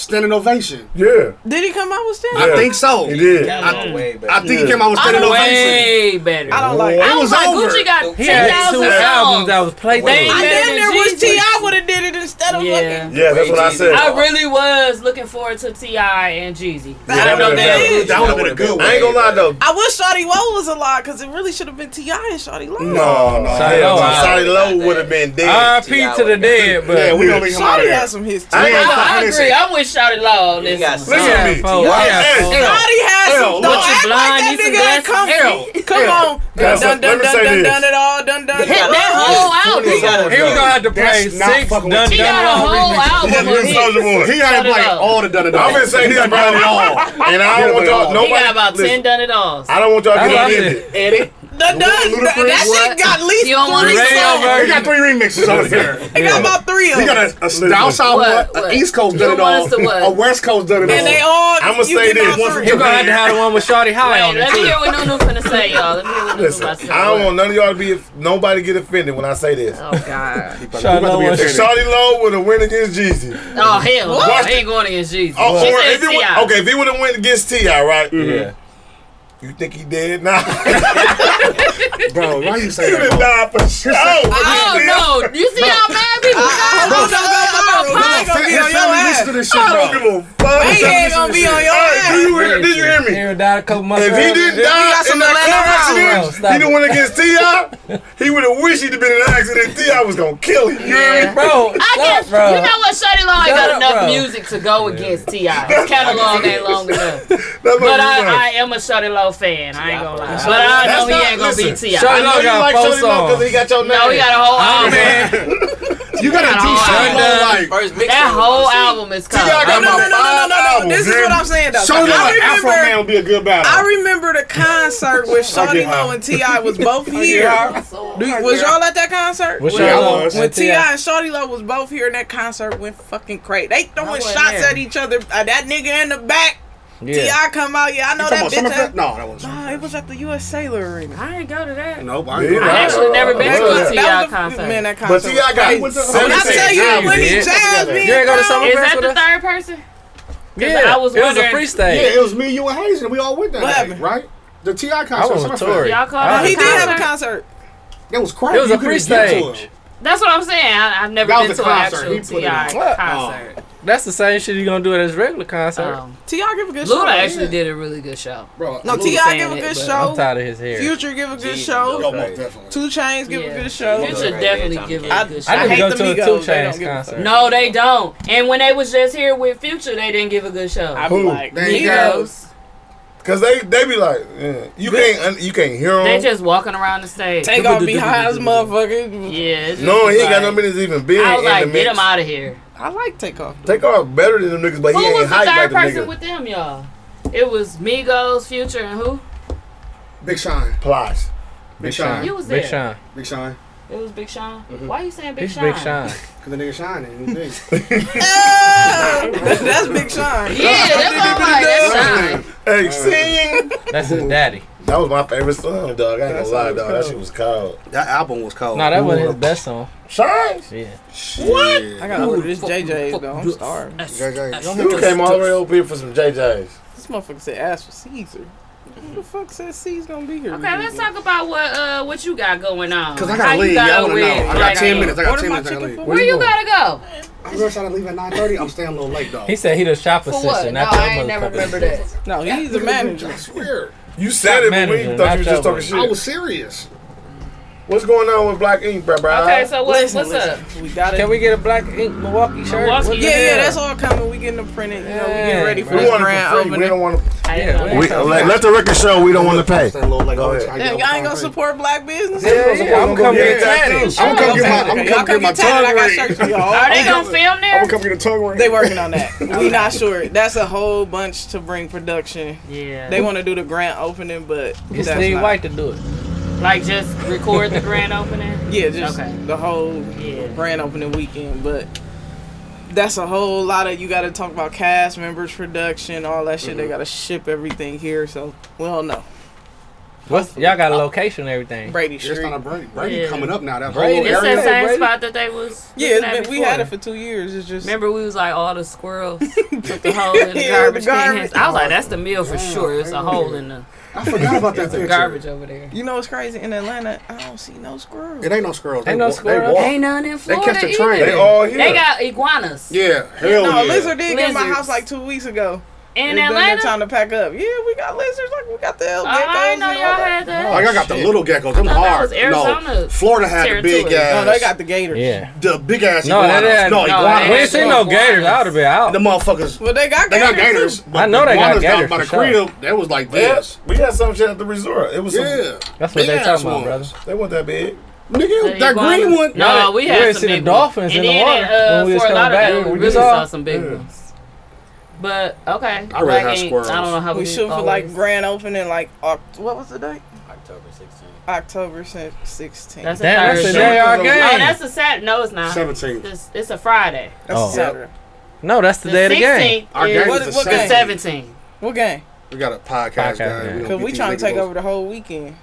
[SPEAKER 7] standing ovation.
[SPEAKER 4] Yeah.
[SPEAKER 9] Did he come out with
[SPEAKER 7] I
[SPEAKER 9] Stanley?
[SPEAKER 4] Yeah.
[SPEAKER 7] think so.
[SPEAKER 4] He did.
[SPEAKER 10] I, way back.
[SPEAKER 7] I think he came out with
[SPEAKER 6] I
[SPEAKER 7] standing
[SPEAKER 6] don't-
[SPEAKER 7] ovation.
[SPEAKER 8] Way better.
[SPEAKER 9] I don't like.
[SPEAKER 7] It
[SPEAKER 9] I,
[SPEAKER 7] was
[SPEAKER 6] Like
[SPEAKER 7] over.
[SPEAKER 6] Gucci got
[SPEAKER 8] He had two
[SPEAKER 6] 10,000
[SPEAKER 8] albums
[SPEAKER 6] songs.
[SPEAKER 8] that was played.
[SPEAKER 10] Wait.
[SPEAKER 8] through.
[SPEAKER 9] I
[SPEAKER 6] better
[SPEAKER 9] damn
[SPEAKER 6] than
[SPEAKER 9] near
[SPEAKER 6] Jesus.
[SPEAKER 9] wish Ti would have did it instead of
[SPEAKER 6] Yeah.
[SPEAKER 9] fucking.
[SPEAKER 4] Yeah, that's what I
[SPEAKER 10] Jeezy.
[SPEAKER 4] said.
[SPEAKER 6] I really was looking forward to Ti and Jeezy.
[SPEAKER 4] Yeah, that would've been-
[SPEAKER 7] That would've been a good
[SPEAKER 4] I ain't gonna lie though.
[SPEAKER 9] I wish Shawty Low was alive because it really should have been Ti and Shawty Low.
[SPEAKER 4] No, no,
[SPEAKER 8] Sorry,
[SPEAKER 4] hell no.
[SPEAKER 8] Lowe.
[SPEAKER 4] Sorry, Low would have been dead.
[SPEAKER 8] R.I.P. to the dead, but
[SPEAKER 7] Yeah, we gonna leave him out of
[SPEAKER 9] Shawty
[SPEAKER 7] there.
[SPEAKER 9] had some hits. too.
[SPEAKER 4] I ain't gonna
[SPEAKER 6] I, I
[SPEAKER 4] lie.
[SPEAKER 6] agree.
[SPEAKER 4] Listen,
[SPEAKER 6] I wish Shouty Law on this.
[SPEAKER 10] got
[SPEAKER 6] one.
[SPEAKER 10] some-
[SPEAKER 4] listen to
[SPEAKER 8] Yeah,
[SPEAKER 4] me.
[SPEAKER 8] folks.
[SPEAKER 4] I
[SPEAKER 8] Yeah,
[SPEAKER 4] asked-
[SPEAKER 8] folks.
[SPEAKER 4] Hell,
[SPEAKER 9] Shawty had
[SPEAKER 4] Ew,
[SPEAKER 9] some.
[SPEAKER 4] what
[SPEAKER 9] Don't
[SPEAKER 4] you
[SPEAKER 9] act
[SPEAKER 6] blind,
[SPEAKER 9] like
[SPEAKER 6] need some
[SPEAKER 9] that nigga ain't
[SPEAKER 6] glasses?
[SPEAKER 9] comfy. Come on.
[SPEAKER 4] Yeah,
[SPEAKER 9] Dun
[SPEAKER 4] so
[SPEAKER 9] dun
[SPEAKER 4] let
[SPEAKER 9] dun
[SPEAKER 4] me say
[SPEAKER 9] dun
[SPEAKER 4] this.
[SPEAKER 9] dun it all. Dun dun
[SPEAKER 6] Hit
[SPEAKER 9] dun.
[SPEAKER 6] that whole album.
[SPEAKER 10] got
[SPEAKER 8] he was gonna have to play
[SPEAKER 7] That's not
[SPEAKER 8] six
[SPEAKER 7] fucking
[SPEAKER 8] dun
[SPEAKER 7] with
[SPEAKER 8] dun
[SPEAKER 6] He got a
[SPEAKER 8] dun.
[SPEAKER 6] whole album
[SPEAKER 4] New
[SPEAKER 6] of
[SPEAKER 4] Soulja
[SPEAKER 6] hits.
[SPEAKER 4] Boy.
[SPEAKER 7] He had
[SPEAKER 6] Shut
[SPEAKER 7] to
[SPEAKER 6] it
[SPEAKER 7] play
[SPEAKER 6] up.
[SPEAKER 7] all the done and
[SPEAKER 4] I'm gonna say this, bro. [laughs] And I don't want y'all.
[SPEAKER 6] He
[SPEAKER 4] Nobody.
[SPEAKER 6] got about
[SPEAKER 4] listen,
[SPEAKER 6] 10 done it alls.
[SPEAKER 4] I don't want y'all to
[SPEAKER 8] That's
[SPEAKER 4] get
[SPEAKER 8] what I
[SPEAKER 4] offended.
[SPEAKER 8] said.
[SPEAKER 6] Eddie.
[SPEAKER 9] Dun dun. That shit got at least
[SPEAKER 6] You don't want
[SPEAKER 9] three
[SPEAKER 6] to
[SPEAKER 8] Radio
[SPEAKER 6] song.
[SPEAKER 8] version.
[SPEAKER 7] We got three remixes over here.
[SPEAKER 9] It got about three of
[SPEAKER 7] We
[SPEAKER 9] them.
[SPEAKER 7] got a, a down south
[SPEAKER 6] What?
[SPEAKER 7] one,
[SPEAKER 6] What?
[SPEAKER 7] a east coast done
[SPEAKER 6] You
[SPEAKER 7] it
[SPEAKER 6] want us to what?
[SPEAKER 7] all, a west coast done it all.
[SPEAKER 9] And they all.
[SPEAKER 4] I'ma
[SPEAKER 9] you
[SPEAKER 4] say
[SPEAKER 9] get
[SPEAKER 4] this.
[SPEAKER 9] about three.
[SPEAKER 8] He gonna have to have the one with Shorty High
[SPEAKER 6] Wait,
[SPEAKER 8] on it
[SPEAKER 6] let me
[SPEAKER 8] too.
[SPEAKER 6] hear what Nunu finna say, y'all. Let me hear what Nunu
[SPEAKER 4] Listen,
[SPEAKER 6] about to say.
[SPEAKER 4] I don't want none of y'all to be nobody get offended when I say this.
[SPEAKER 6] Oh, God.
[SPEAKER 8] Shawty Low was-
[SPEAKER 4] If Shawty Low would have win against Jeezy,
[SPEAKER 6] Oh, hell. no.
[SPEAKER 4] What?
[SPEAKER 6] He ain't going against Jesus.
[SPEAKER 4] oh,
[SPEAKER 6] She
[SPEAKER 4] or
[SPEAKER 6] said
[SPEAKER 4] if it
[SPEAKER 6] T.I.
[SPEAKER 4] would, okay, if he would have went against Ti, right?
[SPEAKER 8] Yeah.
[SPEAKER 4] You think he dead? Nah, [laughs]
[SPEAKER 7] Bro, why you say
[SPEAKER 4] he would
[SPEAKER 7] that?
[SPEAKER 4] have
[SPEAKER 7] Bro?
[SPEAKER 4] died for sure.
[SPEAKER 6] I don't know. Oh, You see how bad people die?
[SPEAKER 9] Bro, don't go viral. I ain't gonna be on
[SPEAKER 7] His
[SPEAKER 9] your
[SPEAKER 7] family listen
[SPEAKER 9] ass.
[SPEAKER 7] to this shit,
[SPEAKER 4] I don't
[SPEAKER 7] bro.
[SPEAKER 4] give a fuck.
[SPEAKER 9] They ain't gonna be on your
[SPEAKER 4] Hey, do
[SPEAKER 9] ass.
[SPEAKER 4] you hear, did you hear me?
[SPEAKER 8] He died a couple months
[SPEAKER 4] If he
[SPEAKER 8] earlier.
[SPEAKER 4] didn't
[SPEAKER 9] got
[SPEAKER 4] die
[SPEAKER 9] some
[SPEAKER 4] in that
[SPEAKER 9] Atlanta
[SPEAKER 4] car
[SPEAKER 8] Browns.
[SPEAKER 4] accident, he didn't win against Ti. He would have wished he'd have been in an accident. Ti was gonna kill him. You hear me?
[SPEAKER 8] Bro,
[SPEAKER 6] I guess
[SPEAKER 8] stop, bro.
[SPEAKER 6] you know what, Shawty Law ain't
[SPEAKER 8] Shut
[SPEAKER 6] got
[SPEAKER 8] up,
[SPEAKER 6] enough
[SPEAKER 8] bro.
[SPEAKER 6] music to go against Ti. His catalog ain't long enough.
[SPEAKER 4] That's what
[SPEAKER 6] But
[SPEAKER 4] I'm saying.
[SPEAKER 6] I, I am a Shawty Low fan. I ain't gonna lie. But I
[SPEAKER 4] That's
[SPEAKER 6] know he
[SPEAKER 4] not-
[SPEAKER 6] ain't gonna
[SPEAKER 4] listen,
[SPEAKER 6] be Ti.
[SPEAKER 8] Shawty-
[SPEAKER 4] I know
[SPEAKER 8] Low
[SPEAKER 4] you
[SPEAKER 8] got
[SPEAKER 4] like
[SPEAKER 8] four
[SPEAKER 4] Shawty Low
[SPEAKER 8] songs.
[SPEAKER 4] because he got your [laughs] name.
[SPEAKER 6] No, he got a whole
[SPEAKER 8] Oh,
[SPEAKER 6] album.
[SPEAKER 8] man.
[SPEAKER 7] You got
[SPEAKER 6] Got
[SPEAKER 7] a
[SPEAKER 6] all
[SPEAKER 7] T-shirt,
[SPEAKER 6] that.
[SPEAKER 7] bro, like
[SPEAKER 10] First mixtape.
[SPEAKER 6] That whole album is
[SPEAKER 4] T.I. got
[SPEAKER 9] No,
[SPEAKER 6] covered.
[SPEAKER 9] no, no, no, no, no, no.
[SPEAKER 4] Album,
[SPEAKER 9] This is
[SPEAKER 4] dude.
[SPEAKER 9] what I'm saying, though.
[SPEAKER 7] Showing
[SPEAKER 9] I
[SPEAKER 7] like Afro
[SPEAKER 9] remember.
[SPEAKER 7] Man would be a good battle.
[SPEAKER 9] I remember the concert
[SPEAKER 8] [laughs]
[SPEAKER 9] with Shawty Low and T.I. was both here. Do you- was y'all at that concert?
[SPEAKER 8] What's
[SPEAKER 9] When-
[SPEAKER 7] Yeah, I
[SPEAKER 8] your love?
[SPEAKER 7] was.
[SPEAKER 9] When
[SPEAKER 8] And
[SPEAKER 9] T.I. and Shawty Low was both here and that concert went fucking crazy. They throwing
[SPEAKER 6] wasn't
[SPEAKER 9] shots
[SPEAKER 6] there.
[SPEAKER 9] at each other. Uh, that nigga in the back,
[SPEAKER 8] Yeah.
[SPEAKER 9] T.I. come out. Yeah, I know
[SPEAKER 7] You talking
[SPEAKER 9] that
[SPEAKER 7] about Summer
[SPEAKER 9] bitch.
[SPEAKER 7] Fest?
[SPEAKER 9] Had,
[SPEAKER 7] No, that wasn't.
[SPEAKER 9] Nah, it was at the U.S. Sailor Arena.
[SPEAKER 6] I ain't go to that.
[SPEAKER 7] Nope, I ain't
[SPEAKER 4] Yeah,
[SPEAKER 7] going
[SPEAKER 6] I
[SPEAKER 7] to
[SPEAKER 6] actually never been
[SPEAKER 4] Oh,
[SPEAKER 6] to
[SPEAKER 4] yeah.
[SPEAKER 6] a T.I.
[SPEAKER 9] That was a- Man,
[SPEAKER 6] concert.
[SPEAKER 9] that concert.
[SPEAKER 4] But T.I.
[SPEAKER 9] was crazy.
[SPEAKER 4] got
[SPEAKER 9] When I tell you,
[SPEAKER 8] Yeah,
[SPEAKER 9] when
[SPEAKER 8] you
[SPEAKER 9] he
[SPEAKER 8] did.
[SPEAKER 9] jabbed me,
[SPEAKER 8] You ain't go to
[SPEAKER 9] bro,
[SPEAKER 8] Summer
[SPEAKER 6] Is
[SPEAKER 8] Fest
[SPEAKER 6] that
[SPEAKER 8] with
[SPEAKER 6] the
[SPEAKER 8] us?
[SPEAKER 6] third person?
[SPEAKER 8] Yeah.
[SPEAKER 6] I was
[SPEAKER 8] it was a
[SPEAKER 6] wondering-
[SPEAKER 7] Yeah,
[SPEAKER 8] freestyle.
[SPEAKER 7] it was me, you, and Hazen, and we all went that
[SPEAKER 9] What
[SPEAKER 7] night,
[SPEAKER 9] happened?
[SPEAKER 7] right? The Ti concert,
[SPEAKER 8] I was
[SPEAKER 7] Summer
[SPEAKER 8] with
[SPEAKER 7] Fest.
[SPEAKER 8] Tori.
[SPEAKER 6] Y'all called
[SPEAKER 8] I
[SPEAKER 9] he
[SPEAKER 8] was-
[SPEAKER 9] did have a concert.
[SPEAKER 7] That was crazy.
[SPEAKER 8] It was a
[SPEAKER 7] You couldn't get to
[SPEAKER 8] freestage.
[SPEAKER 7] it.
[SPEAKER 6] That's what I'm saying. I, I've never
[SPEAKER 7] That was
[SPEAKER 6] been to
[SPEAKER 7] a
[SPEAKER 6] an
[SPEAKER 7] concert.
[SPEAKER 6] actual
[SPEAKER 7] He put it
[SPEAKER 6] T.I.
[SPEAKER 7] on. What?
[SPEAKER 6] concert.
[SPEAKER 8] That's the same shit you gonna do at his regular concert.
[SPEAKER 6] Um,
[SPEAKER 9] T.I. give a good show.
[SPEAKER 6] Luda actually did a really good show.
[SPEAKER 7] Bro,
[SPEAKER 9] No,
[SPEAKER 7] Lil-
[SPEAKER 9] T.I. give a
[SPEAKER 6] saying
[SPEAKER 9] good
[SPEAKER 6] it,
[SPEAKER 8] I'm
[SPEAKER 9] show.
[SPEAKER 8] tired of his hair.
[SPEAKER 9] Future give a good
[SPEAKER 10] Jeez,
[SPEAKER 9] show.
[SPEAKER 7] Oh, most definitely.
[SPEAKER 9] Two Chains give
[SPEAKER 6] Yeah.
[SPEAKER 9] a good show.
[SPEAKER 6] You should
[SPEAKER 10] Right there,
[SPEAKER 6] definitely
[SPEAKER 10] Tommy
[SPEAKER 6] give it
[SPEAKER 10] King.
[SPEAKER 6] a good
[SPEAKER 9] I
[SPEAKER 8] I
[SPEAKER 6] shot.
[SPEAKER 8] need to
[SPEAKER 9] hate
[SPEAKER 8] go
[SPEAKER 9] the
[SPEAKER 8] to a
[SPEAKER 9] Migos.
[SPEAKER 8] two
[SPEAKER 9] They don't
[SPEAKER 8] chains
[SPEAKER 9] give a fuck.
[SPEAKER 8] concert.
[SPEAKER 6] No, they don't. And when they was just here with Future, they didn't give a good show.
[SPEAKER 9] I be like,
[SPEAKER 7] They ain't
[SPEAKER 9] Migos.
[SPEAKER 7] got-
[SPEAKER 6] Migos.
[SPEAKER 4] Cause they they be like, yeah. you can't un- you can't hear
[SPEAKER 6] They
[SPEAKER 4] them.
[SPEAKER 6] just walking around the stage.
[SPEAKER 9] Take off behind this motherfucker.
[SPEAKER 6] Yeah. it's
[SPEAKER 4] No,
[SPEAKER 6] just
[SPEAKER 4] he ain't got no
[SPEAKER 6] like-
[SPEAKER 4] minutes even been
[SPEAKER 6] I was
[SPEAKER 4] in
[SPEAKER 6] like,
[SPEAKER 4] the
[SPEAKER 6] get
[SPEAKER 4] mix.
[SPEAKER 6] him out of here.
[SPEAKER 9] I like [laughs] takeoff.
[SPEAKER 4] Take off better than them niggas, but
[SPEAKER 6] Who
[SPEAKER 4] he
[SPEAKER 6] was
[SPEAKER 4] ain't
[SPEAKER 6] the
[SPEAKER 4] hype like
[SPEAKER 6] third
[SPEAKER 4] them
[SPEAKER 6] person
[SPEAKER 4] niggas.
[SPEAKER 6] with them, y'all? It was Migos, Future, and who?
[SPEAKER 7] Big Sean.
[SPEAKER 4] Plies.
[SPEAKER 7] Big Sean.
[SPEAKER 6] You was there.
[SPEAKER 8] Big Sean.
[SPEAKER 7] Big Sean.
[SPEAKER 6] It was Big Sean.
[SPEAKER 7] Mm-hmm.
[SPEAKER 6] Why you saying Big
[SPEAKER 8] It's
[SPEAKER 6] Sean?
[SPEAKER 8] Big Sean.
[SPEAKER 7] Because the nigga shining. He's big.
[SPEAKER 9] That's Big
[SPEAKER 6] [laughs]
[SPEAKER 9] Sean.
[SPEAKER 6] Yeah, that's what I'm like. That's Sean.
[SPEAKER 4] Hey, sing.
[SPEAKER 8] That's his daddy.
[SPEAKER 4] That was my favorite song, dog. I ain't gonna lie, dog. That shit was cold.
[SPEAKER 7] [laughs] that album was cold.
[SPEAKER 8] No, that wasn't his best song.
[SPEAKER 4] Shine.
[SPEAKER 8] Yeah.
[SPEAKER 7] What?
[SPEAKER 9] I gotta order this JJ's though. I'm starving.
[SPEAKER 4] You came all the way over here for some JJ's.
[SPEAKER 9] This motherfucker said ask for Caesar. Who the fuck said Caesar's gonna be here?
[SPEAKER 6] Okay, let's talk about what uh what you got going on.
[SPEAKER 7] Because I
[SPEAKER 6] How
[SPEAKER 7] gotta
[SPEAKER 6] you
[SPEAKER 7] leave.
[SPEAKER 6] got
[SPEAKER 7] Y'all
[SPEAKER 6] over
[SPEAKER 7] wanna know.
[SPEAKER 6] it,
[SPEAKER 7] I got
[SPEAKER 6] Jack?
[SPEAKER 7] 10 minutes. I got
[SPEAKER 9] Order
[SPEAKER 7] 10
[SPEAKER 9] my
[SPEAKER 7] minutes. I gotta
[SPEAKER 9] chicken
[SPEAKER 7] leave.
[SPEAKER 9] for
[SPEAKER 6] Where you gotta
[SPEAKER 7] I'm really trying to leave at 9.30. I'm staying a little late, though.
[SPEAKER 8] He said he the shopper
[SPEAKER 6] go? For what?
[SPEAKER 8] sister,
[SPEAKER 6] No,
[SPEAKER 8] not that
[SPEAKER 6] I ain't never
[SPEAKER 8] motherfucker. Uh,
[SPEAKER 6] remember that.
[SPEAKER 9] No, he's a manager.
[SPEAKER 7] I swear.
[SPEAKER 4] You said it, but
[SPEAKER 8] manager,
[SPEAKER 4] we thought you was
[SPEAKER 8] not
[SPEAKER 4] just talking
[SPEAKER 8] your
[SPEAKER 7] I
[SPEAKER 4] shit.
[SPEAKER 7] was serious.
[SPEAKER 4] What's going on with Black Ink, bro, bro?
[SPEAKER 6] Okay, so what,
[SPEAKER 9] Listen,
[SPEAKER 6] what's
[SPEAKER 9] listen,
[SPEAKER 6] up?
[SPEAKER 9] We got
[SPEAKER 8] Can
[SPEAKER 9] it.
[SPEAKER 8] we get a black ink Milwaukee shirt?
[SPEAKER 6] Milwaukee,
[SPEAKER 8] What the
[SPEAKER 9] Yeah, yeah,
[SPEAKER 8] hell?
[SPEAKER 9] that's all coming. We getting it printed. You know, we getting
[SPEAKER 8] Yeah,
[SPEAKER 9] ready for
[SPEAKER 4] we
[SPEAKER 9] this
[SPEAKER 4] want it
[SPEAKER 9] grand
[SPEAKER 4] for free. We
[SPEAKER 9] opening.
[SPEAKER 4] don't want to.
[SPEAKER 6] I didn't know.
[SPEAKER 7] uh,
[SPEAKER 4] We, let, let the record show we don't want to pay.
[SPEAKER 7] I'm staying a little late.
[SPEAKER 4] Go
[SPEAKER 7] I'm
[SPEAKER 4] ahead.
[SPEAKER 7] trying to
[SPEAKER 9] Damn,
[SPEAKER 7] get
[SPEAKER 9] y'all
[SPEAKER 7] up
[SPEAKER 9] ain't gonna
[SPEAKER 7] on time.
[SPEAKER 9] support black business?
[SPEAKER 8] Yeah, yeah, I'm coming
[SPEAKER 4] Yeah,
[SPEAKER 8] with tattoos.
[SPEAKER 7] I'm gonna come get my, I'm gonna
[SPEAKER 9] Y'all
[SPEAKER 7] come get my
[SPEAKER 9] tatted,
[SPEAKER 7] tongue
[SPEAKER 9] I got
[SPEAKER 7] ring.
[SPEAKER 9] shirts for y'all.
[SPEAKER 6] Are they
[SPEAKER 9] Hey,
[SPEAKER 6] gonna film
[SPEAKER 7] I'm gonna
[SPEAKER 6] there?
[SPEAKER 7] come get a tongue ring.
[SPEAKER 9] They working on that. We not sure. That's a whole bunch to bring production.
[SPEAKER 6] Yeah.
[SPEAKER 9] They want to do the grand opening, but
[SPEAKER 8] It's
[SPEAKER 9] that's
[SPEAKER 8] Lee
[SPEAKER 9] not-
[SPEAKER 8] White to do it.
[SPEAKER 6] like just record the grand opening.
[SPEAKER 9] Yeah, just
[SPEAKER 6] Okay.
[SPEAKER 9] the whole
[SPEAKER 6] Yeah.
[SPEAKER 9] grand opening weekend, but that's a whole lot of you got to talk about cast members, production, all that shit. They got to ship everything here, so we don't know.
[SPEAKER 8] What's, y'all got a location and everything.
[SPEAKER 9] Brady
[SPEAKER 7] It's
[SPEAKER 9] Street.
[SPEAKER 7] not a Brady. Brady
[SPEAKER 6] Yeah.
[SPEAKER 7] coming up now. That
[SPEAKER 8] Brady.
[SPEAKER 7] whole
[SPEAKER 8] It's
[SPEAKER 6] It's
[SPEAKER 7] area.
[SPEAKER 6] that same
[SPEAKER 8] Brady?
[SPEAKER 6] spot that they was.
[SPEAKER 9] Yeah,
[SPEAKER 6] looking
[SPEAKER 9] it's
[SPEAKER 6] at
[SPEAKER 9] been, we
[SPEAKER 6] before.
[SPEAKER 9] had it for two years. It's just
[SPEAKER 6] Remember we was like all the squirrels put the hole in the
[SPEAKER 9] Yeah,
[SPEAKER 6] garbage
[SPEAKER 9] the
[SPEAKER 6] can.
[SPEAKER 9] garbage.
[SPEAKER 6] I was like, that's the meal for sure. It's a hole in the
[SPEAKER 7] I forgot about that picture.
[SPEAKER 6] garbage over there.
[SPEAKER 9] you know it's crazy in Atlanta. I don't see no squirrels.
[SPEAKER 7] It ain't no squirrels. They
[SPEAKER 8] Ain't no
[SPEAKER 7] wa-
[SPEAKER 8] squirrels.
[SPEAKER 7] They walk.
[SPEAKER 6] Ain't none in
[SPEAKER 7] They
[SPEAKER 6] Florida
[SPEAKER 7] catch a
[SPEAKER 6] either.
[SPEAKER 7] train.
[SPEAKER 4] They all here.
[SPEAKER 6] They got iguanas
[SPEAKER 7] Yeah. Hell yeah.
[SPEAKER 9] no, a lizard did get in my
[SPEAKER 6] Lizards.
[SPEAKER 9] house like two weeks ago.
[SPEAKER 6] in
[SPEAKER 9] It's been there
[SPEAKER 6] Atlanta.
[SPEAKER 9] time to pack up. Yeah, we got lizards. Like we got the
[SPEAKER 6] Oh,
[SPEAKER 9] alligators
[SPEAKER 6] I didn't know
[SPEAKER 9] and
[SPEAKER 6] y'all
[SPEAKER 9] all that.
[SPEAKER 6] had that.
[SPEAKER 7] Like Oh, I got the little geckos. Them
[SPEAKER 6] I thought that
[SPEAKER 7] hard.
[SPEAKER 6] was Arizona
[SPEAKER 7] no, Florida had the big
[SPEAKER 6] territory.
[SPEAKER 8] Oh,
[SPEAKER 7] ass.
[SPEAKER 9] No, they got the gators.
[SPEAKER 8] Yeah.
[SPEAKER 7] the big ass
[SPEAKER 8] No, that
[SPEAKER 7] iguanas.
[SPEAKER 8] ain't.
[SPEAKER 7] no,
[SPEAKER 8] No,
[SPEAKER 7] iguanas.
[SPEAKER 8] we ain't seen no gators. I would have been out.
[SPEAKER 7] The motherfuckers.
[SPEAKER 9] Well, they got
[SPEAKER 7] They
[SPEAKER 9] gators.
[SPEAKER 7] got gators. but
[SPEAKER 8] I know
[SPEAKER 7] the
[SPEAKER 8] they got
[SPEAKER 7] iguanas
[SPEAKER 8] gators
[SPEAKER 7] Down by the
[SPEAKER 8] for sure.
[SPEAKER 7] crib, that was like
[SPEAKER 4] Yes,
[SPEAKER 7] this.
[SPEAKER 4] we had some shit at the resort. It was some-
[SPEAKER 7] Yeah.
[SPEAKER 8] That's what they
[SPEAKER 7] Big ass
[SPEAKER 8] talking about, brother.
[SPEAKER 7] ones.
[SPEAKER 4] They weren't that big.
[SPEAKER 7] Nigga,
[SPEAKER 6] The
[SPEAKER 7] that green
[SPEAKER 6] iguanas.
[SPEAKER 7] one.
[SPEAKER 6] No, we had
[SPEAKER 8] ain't
[SPEAKER 6] some
[SPEAKER 8] seen the
[SPEAKER 6] big ones.
[SPEAKER 8] dolphins
[SPEAKER 6] and
[SPEAKER 8] in the
[SPEAKER 6] then
[SPEAKER 8] water
[SPEAKER 6] at, uh,
[SPEAKER 8] when we was
[SPEAKER 6] Fort
[SPEAKER 8] coming back.
[SPEAKER 6] Lauderdale,
[SPEAKER 8] We
[SPEAKER 6] we really
[SPEAKER 8] just
[SPEAKER 6] saw
[SPEAKER 8] all-
[SPEAKER 6] some big ones. But okay,
[SPEAKER 7] I really have
[SPEAKER 6] ink,
[SPEAKER 7] squirrels.
[SPEAKER 6] I don't know how
[SPEAKER 9] We shoot for like
[SPEAKER 6] always-
[SPEAKER 9] grand opening, like Oct- what was the date?
[SPEAKER 12] October 16th.
[SPEAKER 9] October se- 16th.
[SPEAKER 6] That's a
[SPEAKER 8] Damn, that's
[SPEAKER 6] Thursday.
[SPEAKER 8] the day our
[SPEAKER 4] Oh,
[SPEAKER 8] game.
[SPEAKER 6] Oh, that's a Saturday. No, it's not.
[SPEAKER 7] Seventeen.
[SPEAKER 6] It's, it's a Friday.
[SPEAKER 9] That's
[SPEAKER 8] Oh.
[SPEAKER 9] Saturday.
[SPEAKER 8] no, that's the,
[SPEAKER 6] The
[SPEAKER 8] day of the game.
[SPEAKER 6] 16th
[SPEAKER 7] Our
[SPEAKER 6] is
[SPEAKER 7] game
[SPEAKER 9] What-
[SPEAKER 7] is the
[SPEAKER 9] what
[SPEAKER 6] the
[SPEAKER 9] game?
[SPEAKER 7] same.
[SPEAKER 6] 17th.
[SPEAKER 9] What game?
[SPEAKER 7] We got a podcast,
[SPEAKER 8] Podcast,
[SPEAKER 7] game.
[SPEAKER 8] yeah.
[SPEAKER 7] don't
[SPEAKER 9] Because
[SPEAKER 7] get
[SPEAKER 9] we
[SPEAKER 7] these
[SPEAKER 9] trying to take
[SPEAKER 7] niggas.
[SPEAKER 9] over the whole weekend.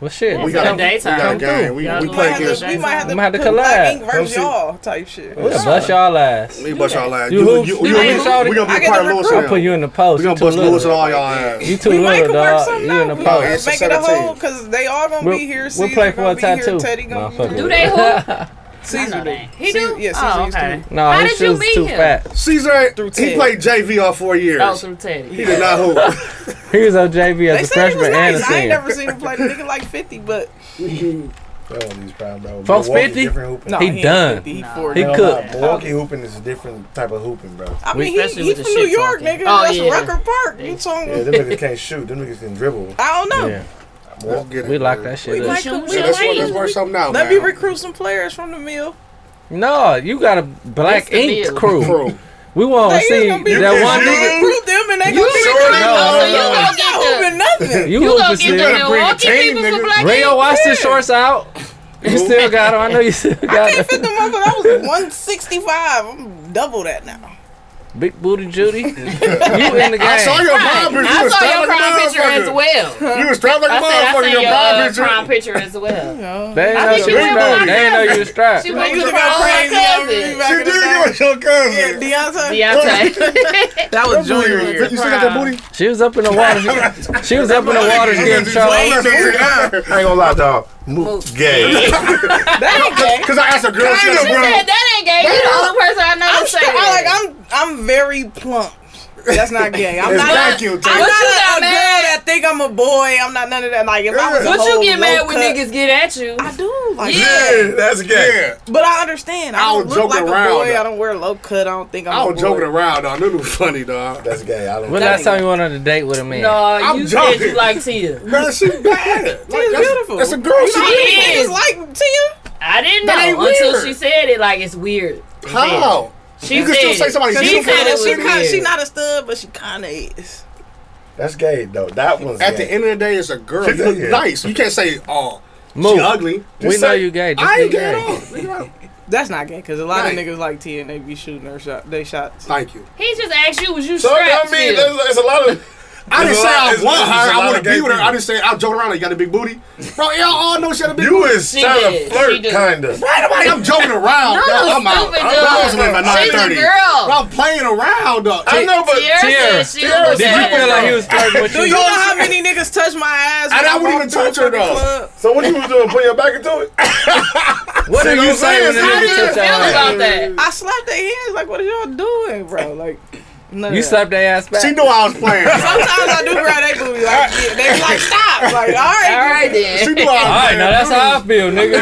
[SPEAKER 8] Well, shit.
[SPEAKER 6] Yeah,
[SPEAKER 7] We
[SPEAKER 6] it's in
[SPEAKER 7] got,
[SPEAKER 6] the daytime.
[SPEAKER 7] we got a game.
[SPEAKER 8] Come
[SPEAKER 7] We,
[SPEAKER 6] through.
[SPEAKER 7] we
[SPEAKER 6] Y'all
[SPEAKER 7] play
[SPEAKER 6] gonna have
[SPEAKER 7] against.
[SPEAKER 6] to-
[SPEAKER 9] we might have to,
[SPEAKER 8] I'ma have to
[SPEAKER 9] put Black
[SPEAKER 8] collab.
[SPEAKER 9] Ink versus
[SPEAKER 7] Come see.
[SPEAKER 9] y'all type shit.
[SPEAKER 8] We'll bust y'all ass.
[SPEAKER 7] We bust all ass.
[SPEAKER 8] You
[SPEAKER 7] You,
[SPEAKER 8] hoops?
[SPEAKER 7] you,
[SPEAKER 8] You
[SPEAKER 7] you,
[SPEAKER 8] hoops, shorty?
[SPEAKER 7] we gonna
[SPEAKER 9] I
[SPEAKER 7] be
[SPEAKER 9] get
[SPEAKER 7] part
[SPEAKER 9] the
[SPEAKER 7] of Lewis.
[SPEAKER 9] recruit.
[SPEAKER 8] I'll put
[SPEAKER 7] and them.
[SPEAKER 8] you in the post.
[SPEAKER 7] We gonna
[SPEAKER 8] You too
[SPEAKER 7] bust Lewis and
[SPEAKER 8] little.
[SPEAKER 7] all y'all ass.
[SPEAKER 8] You too
[SPEAKER 9] we might
[SPEAKER 8] little,
[SPEAKER 9] could work
[SPEAKER 8] dog.
[SPEAKER 9] something
[SPEAKER 8] You in the
[SPEAKER 9] out. We gonna
[SPEAKER 7] Oh,
[SPEAKER 8] post.
[SPEAKER 7] it's the
[SPEAKER 9] make it a
[SPEAKER 7] 17th.
[SPEAKER 9] whole because they all gonna
[SPEAKER 8] We'll
[SPEAKER 9] be here.
[SPEAKER 8] we'll
[SPEAKER 9] Caesar
[SPEAKER 8] play for a
[SPEAKER 9] gonna be
[SPEAKER 8] tattoo.
[SPEAKER 9] here. Teddy
[SPEAKER 8] No,
[SPEAKER 9] gonna
[SPEAKER 8] fuck
[SPEAKER 9] be
[SPEAKER 8] it.
[SPEAKER 6] Do
[SPEAKER 9] here.
[SPEAKER 6] they hoop?
[SPEAKER 9] Caesar do.
[SPEAKER 6] He
[SPEAKER 9] Caesar-
[SPEAKER 6] do?
[SPEAKER 9] Yeah, Caesar
[SPEAKER 6] oh,
[SPEAKER 9] used to
[SPEAKER 6] okay.
[SPEAKER 9] do.
[SPEAKER 8] No,
[SPEAKER 6] How
[SPEAKER 8] his
[SPEAKER 6] did you
[SPEAKER 8] shoes
[SPEAKER 6] meet
[SPEAKER 8] too
[SPEAKER 6] him?
[SPEAKER 8] fat.
[SPEAKER 7] Caesar, he
[SPEAKER 9] ten.
[SPEAKER 7] played JV all four years.
[SPEAKER 6] Oh, through Teddy.
[SPEAKER 7] He did not hoop.
[SPEAKER 8] He was on JV
[SPEAKER 9] They
[SPEAKER 8] as a
[SPEAKER 9] said he
[SPEAKER 8] freshman
[SPEAKER 9] was
[SPEAKER 8] and a
[SPEAKER 9] nice. I ain't
[SPEAKER 8] senior.
[SPEAKER 9] never seen him play. The nigga like 50, but
[SPEAKER 4] That one these problems, bro.
[SPEAKER 8] Folks,
[SPEAKER 4] Milwaukee
[SPEAKER 8] 50?
[SPEAKER 4] different hooping.
[SPEAKER 9] no,
[SPEAKER 8] He
[SPEAKER 9] he, ain't
[SPEAKER 8] done.
[SPEAKER 9] 50, he
[SPEAKER 6] Nah.
[SPEAKER 9] 40.
[SPEAKER 8] He
[SPEAKER 4] Hell
[SPEAKER 8] could.
[SPEAKER 4] nah, Milwaukee hooping is a different type of hooping, bro.
[SPEAKER 9] I mean, he,
[SPEAKER 6] Especially
[SPEAKER 9] he
[SPEAKER 6] with the
[SPEAKER 9] from New
[SPEAKER 6] shit
[SPEAKER 9] York,
[SPEAKER 6] talking.
[SPEAKER 9] nigga.
[SPEAKER 6] Oh,
[SPEAKER 9] That's
[SPEAKER 6] yeah.
[SPEAKER 9] Rucker Park. You talking?
[SPEAKER 4] Yeah, them niggas can't shoot. Them niggas can dribble.
[SPEAKER 9] I don't know.
[SPEAKER 8] Yeah,
[SPEAKER 7] Let's get it.
[SPEAKER 8] we locked
[SPEAKER 7] man.
[SPEAKER 8] that shit up.
[SPEAKER 9] Like,
[SPEAKER 6] Shoot,
[SPEAKER 9] we
[SPEAKER 7] Yeah, let's,
[SPEAKER 6] Wait,
[SPEAKER 7] work, let's work something out.
[SPEAKER 9] Let
[SPEAKER 7] man.
[SPEAKER 9] me recruit some players from the mill.
[SPEAKER 8] No, you got a
[SPEAKER 6] It's
[SPEAKER 8] black
[SPEAKER 6] the
[SPEAKER 8] ink
[SPEAKER 6] bill.
[SPEAKER 8] crew.
[SPEAKER 7] Crew.
[SPEAKER 8] We want to
[SPEAKER 9] They is
[SPEAKER 8] Oh, see
[SPEAKER 9] gonna be
[SPEAKER 8] that
[SPEAKER 7] can
[SPEAKER 8] one
[SPEAKER 7] shoot.
[SPEAKER 8] nigga.
[SPEAKER 9] recruit them and they gonna be
[SPEAKER 7] sure
[SPEAKER 9] recruiting
[SPEAKER 7] enough.
[SPEAKER 6] Oh, so you gonna get
[SPEAKER 9] nothing.
[SPEAKER 8] [laughs] You
[SPEAKER 6] the you gonna
[SPEAKER 8] hooping
[SPEAKER 6] get the
[SPEAKER 8] still.
[SPEAKER 7] better bring a
[SPEAKER 6] Milwaukee
[SPEAKER 7] team,
[SPEAKER 6] people
[SPEAKER 7] nigga.
[SPEAKER 6] for black
[SPEAKER 8] Rayo
[SPEAKER 6] people?
[SPEAKER 8] Watson shorts out. You still got them. I know you still
[SPEAKER 9] I
[SPEAKER 8] got
[SPEAKER 9] can't
[SPEAKER 8] them.
[SPEAKER 9] fit them up, but I was 165. I'm double that now.
[SPEAKER 8] Big booty Judy. You in the game.
[SPEAKER 7] I saw your prom picture. You
[SPEAKER 6] I
[SPEAKER 7] was
[SPEAKER 6] saw your
[SPEAKER 7] strapped like
[SPEAKER 6] prime
[SPEAKER 7] a
[SPEAKER 6] picture as
[SPEAKER 7] motherfucker. [laughs]
[SPEAKER 6] well.
[SPEAKER 7] You was strapped like
[SPEAKER 6] I
[SPEAKER 7] a
[SPEAKER 6] said I
[SPEAKER 7] motherfucker.
[SPEAKER 6] seen
[SPEAKER 7] Your
[SPEAKER 6] your uh,
[SPEAKER 7] prom
[SPEAKER 6] prime
[SPEAKER 7] picture.
[SPEAKER 6] picture as well.
[SPEAKER 8] They ain't
[SPEAKER 6] I
[SPEAKER 8] know
[SPEAKER 6] think
[SPEAKER 8] you
[SPEAKER 6] she
[SPEAKER 8] was
[SPEAKER 6] went
[SPEAKER 8] strapped.
[SPEAKER 6] with
[SPEAKER 8] They ain't know you was strapped.
[SPEAKER 6] She went
[SPEAKER 9] You
[SPEAKER 6] with
[SPEAKER 9] took
[SPEAKER 6] Oh, my
[SPEAKER 9] out
[SPEAKER 6] own
[SPEAKER 9] crazy on me
[SPEAKER 6] cousin
[SPEAKER 9] back
[SPEAKER 7] She
[SPEAKER 9] in
[SPEAKER 7] did get
[SPEAKER 9] the day.
[SPEAKER 7] with your
[SPEAKER 9] Yeah,
[SPEAKER 7] cousin. [laughs]
[SPEAKER 9] Deontay.
[SPEAKER 6] Deontay.
[SPEAKER 9] That was
[SPEAKER 7] You
[SPEAKER 9] Junior.
[SPEAKER 7] see that booty?
[SPEAKER 8] She was up in the
[SPEAKER 7] [laughs]
[SPEAKER 8] water. She was up in the water getting trouble.
[SPEAKER 7] I'm not saying
[SPEAKER 4] I ain't gonna lie, dog. Mook gay.
[SPEAKER 9] That ain't gay.
[SPEAKER 7] Because I asked a girl, she
[SPEAKER 6] she
[SPEAKER 7] was
[SPEAKER 6] said
[SPEAKER 7] bro.
[SPEAKER 6] that ain't gay. You the only person I know
[SPEAKER 9] I'm
[SPEAKER 6] to say
[SPEAKER 9] stra- I, like
[SPEAKER 6] that.
[SPEAKER 9] I'm I'm very plump. That's not gay.
[SPEAKER 7] [laughs]
[SPEAKER 9] I'm
[SPEAKER 7] It's
[SPEAKER 9] not.
[SPEAKER 7] thank
[SPEAKER 9] A,
[SPEAKER 7] you.
[SPEAKER 9] I'm
[SPEAKER 7] Jay.
[SPEAKER 9] not
[SPEAKER 6] you got,
[SPEAKER 9] a, a girl
[SPEAKER 6] man?
[SPEAKER 9] that think I'm a boy. I'm not none of that. Like if I was a
[SPEAKER 6] But you
[SPEAKER 9] whole
[SPEAKER 6] get mad
[SPEAKER 9] low
[SPEAKER 6] when
[SPEAKER 9] cut-
[SPEAKER 6] niggas get at you.
[SPEAKER 9] I do. Like,
[SPEAKER 4] Yeah, that's gay.
[SPEAKER 9] But I understand. I,
[SPEAKER 7] I
[SPEAKER 9] don't
[SPEAKER 7] was
[SPEAKER 9] look like
[SPEAKER 7] joking
[SPEAKER 9] a
[SPEAKER 7] around,
[SPEAKER 9] boy.
[SPEAKER 7] though.
[SPEAKER 9] I don't wear low cut. I don't think I'm.
[SPEAKER 7] I
[SPEAKER 9] a
[SPEAKER 7] was
[SPEAKER 9] boy.
[SPEAKER 7] joking around, dog. Nothing was funny, dog. That's
[SPEAKER 4] gay. I don't.
[SPEAKER 8] When last time you went on a date with a man?
[SPEAKER 6] No,
[SPEAKER 7] I'm
[SPEAKER 6] you said
[SPEAKER 7] joking.
[SPEAKER 6] you like Tia.
[SPEAKER 7] Man, she bad. Like,
[SPEAKER 9] Tia's
[SPEAKER 7] that's-
[SPEAKER 9] beautiful.
[SPEAKER 7] That's a girl.
[SPEAKER 9] You
[SPEAKER 7] She
[SPEAKER 9] know
[SPEAKER 6] She
[SPEAKER 9] how many
[SPEAKER 6] is.
[SPEAKER 9] niggas like Tia?
[SPEAKER 6] I didn't
[SPEAKER 7] That
[SPEAKER 6] know
[SPEAKER 7] ain't
[SPEAKER 6] until
[SPEAKER 7] weird.
[SPEAKER 6] she said it. Like it's weird. She said it.
[SPEAKER 7] How?
[SPEAKER 6] She
[SPEAKER 7] You
[SPEAKER 6] said
[SPEAKER 7] can still
[SPEAKER 6] it.
[SPEAKER 7] say somebody
[SPEAKER 6] She
[SPEAKER 7] beautiful.
[SPEAKER 6] said it was
[SPEAKER 9] She kind.
[SPEAKER 6] weird.
[SPEAKER 9] She not a stud, but she kind of is.
[SPEAKER 4] That's gay though. That one's
[SPEAKER 7] At
[SPEAKER 4] gay.
[SPEAKER 7] the end of the day, it's a girl.
[SPEAKER 4] She
[SPEAKER 7] You look
[SPEAKER 4] said-
[SPEAKER 7] nice. You can't say, oh,
[SPEAKER 8] Move.
[SPEAKER 7] she ugly.
[SPEAKER 8] We
[SPEAKER 4] Just
[SPEAKER 8] know
[SPEAKER 4] say-
[SPEAKER 8] you gay. Just
[SPEAKER 7] I
[SPEAKER 8] be
[SPEAKER 7] ain't gay at
[SPEAKER 8] gay.
[SPEAKER 7] all. Nigga,
[SPEAKER 9] That's not gay because a lot
[SPEAKER 7] Right.
[SPEAKER 9] of niggas like Tia and they be shooting her shot. They shots.
[SPEAKER 7] Thank you.
[SPEAKER 6] He just asked you, was you
[SPEAKER 4] So I
[SPEAKER 6] strapped?
[SPEAKER 4] mean,
[SPEAKER 6] Tia?
[SPEAKER 4] there's, there's a lot of.
[SPEAKER 7] I didn't
[SPEAKER 4] There's a
[SPEAKER 7] say
[SPEAKER 4] lot-
[SPEAKER 7] I
[SPEAKER 4] there's-
[SPEAKER 7] want
[SPEAKER 4] there's a
[SPEAKER 7] her.
[SPEAKER 4] lot
[SPEAKER 7] I
[SPEAKER 4] of
[SPEAKER 7] want to
[SPEAKER 4] gay
[SPEAKER 7] be with her. I
[SPEAKER 4] people.
[SPEAKER 7] didn't say I joke around. You got a big booty, bro. Y'all all know she had a big
[SPEAKER 4] You
[SPEAKER 7] booty.
[SPEAKER 4] is
[SPEAKER 6] She
[SPEAKER 4] trying
[SPEAKER 6] did.
[SPEAKER 4] to flirt,
[SPEAKER 6] She did.
[SPEAKER 4] kinda.
[SPEAKER 7] Right away, I'm joking around.
[SPEAKER 6] No,
[SPEAKER 7] dog. I'm out.
[SPEAKER 6] stupid,
[SPEAKER 7] I'm
[SPEAKER 6] dog.
[SPEAKER 7] bouncing by
[SPEAKER 6] She's a
[SPEAKER 7] 9:30.
[SPEAKER 6] girl.
[SPEAKER 7] I'm playing around, dog.
[SPEAKER 4] I know, but
[SPEAKER 6] Tiara
[SPEAKER 8] Tiara,
[SPEAKER 6] said she was
[SPEAKER 8] Did you
[SPEAKER 6] strapped.
[SPEAKER 8] feel like he was flirting with
[SPEAKER 9] Do you
[SPEAKER 8] you?
[SPEAKER 9] know how many niggas touch my ass?
[SPEAKER 7] And
[SPEAKER 9] when
[SPEAKER 7] I wouldn't
[SPEAKER 9] walk
[SPEAKER 7] even
[SPEAKER 9] through
[SPEAKER 7] touch
[SPEAKER 9] the
[SPEAKER 7] her,
[SPEAKER 9] fucking
[SPEAKER 7] dog.
[SPEAKER 9] club?
[SPEAKER 4] So what you was doing? Put your back into it?
[SPEAKER 8] What do you
[SPEAKER 4] I'm
[SPEAKER 8] say when a
[SPEAKER 4] saying?
[SPEAKER 6] How did you
[SPEAKER 8] nigga
[SPEAKER 6] feel
[SPEAKER 8] touch your ass?
[SPEAKER 6] about that?
[SPEAKER 9] I slapped their hands. Like, what are y'all doing, bro? Like, none
[SPEAKER 8] You
[SPEAKER 9] of that.
[SPEAKER 8] slapped their ass back.
[SPEAKER 7] She knew I was playing.
[SPEAKER 9] Sometimes I do grab they booty. Like, yeah, they be like, stop. Like, all right.
[SPEAKER 8] [laughs]
[SPEAKER 6] All right then.
[SPEAKER 7] She knew I
[SPEAKER 8] Alright, now
[SPEAKER 7] was [laughs]
[SPEAKER 8] that's how I feel, nigga.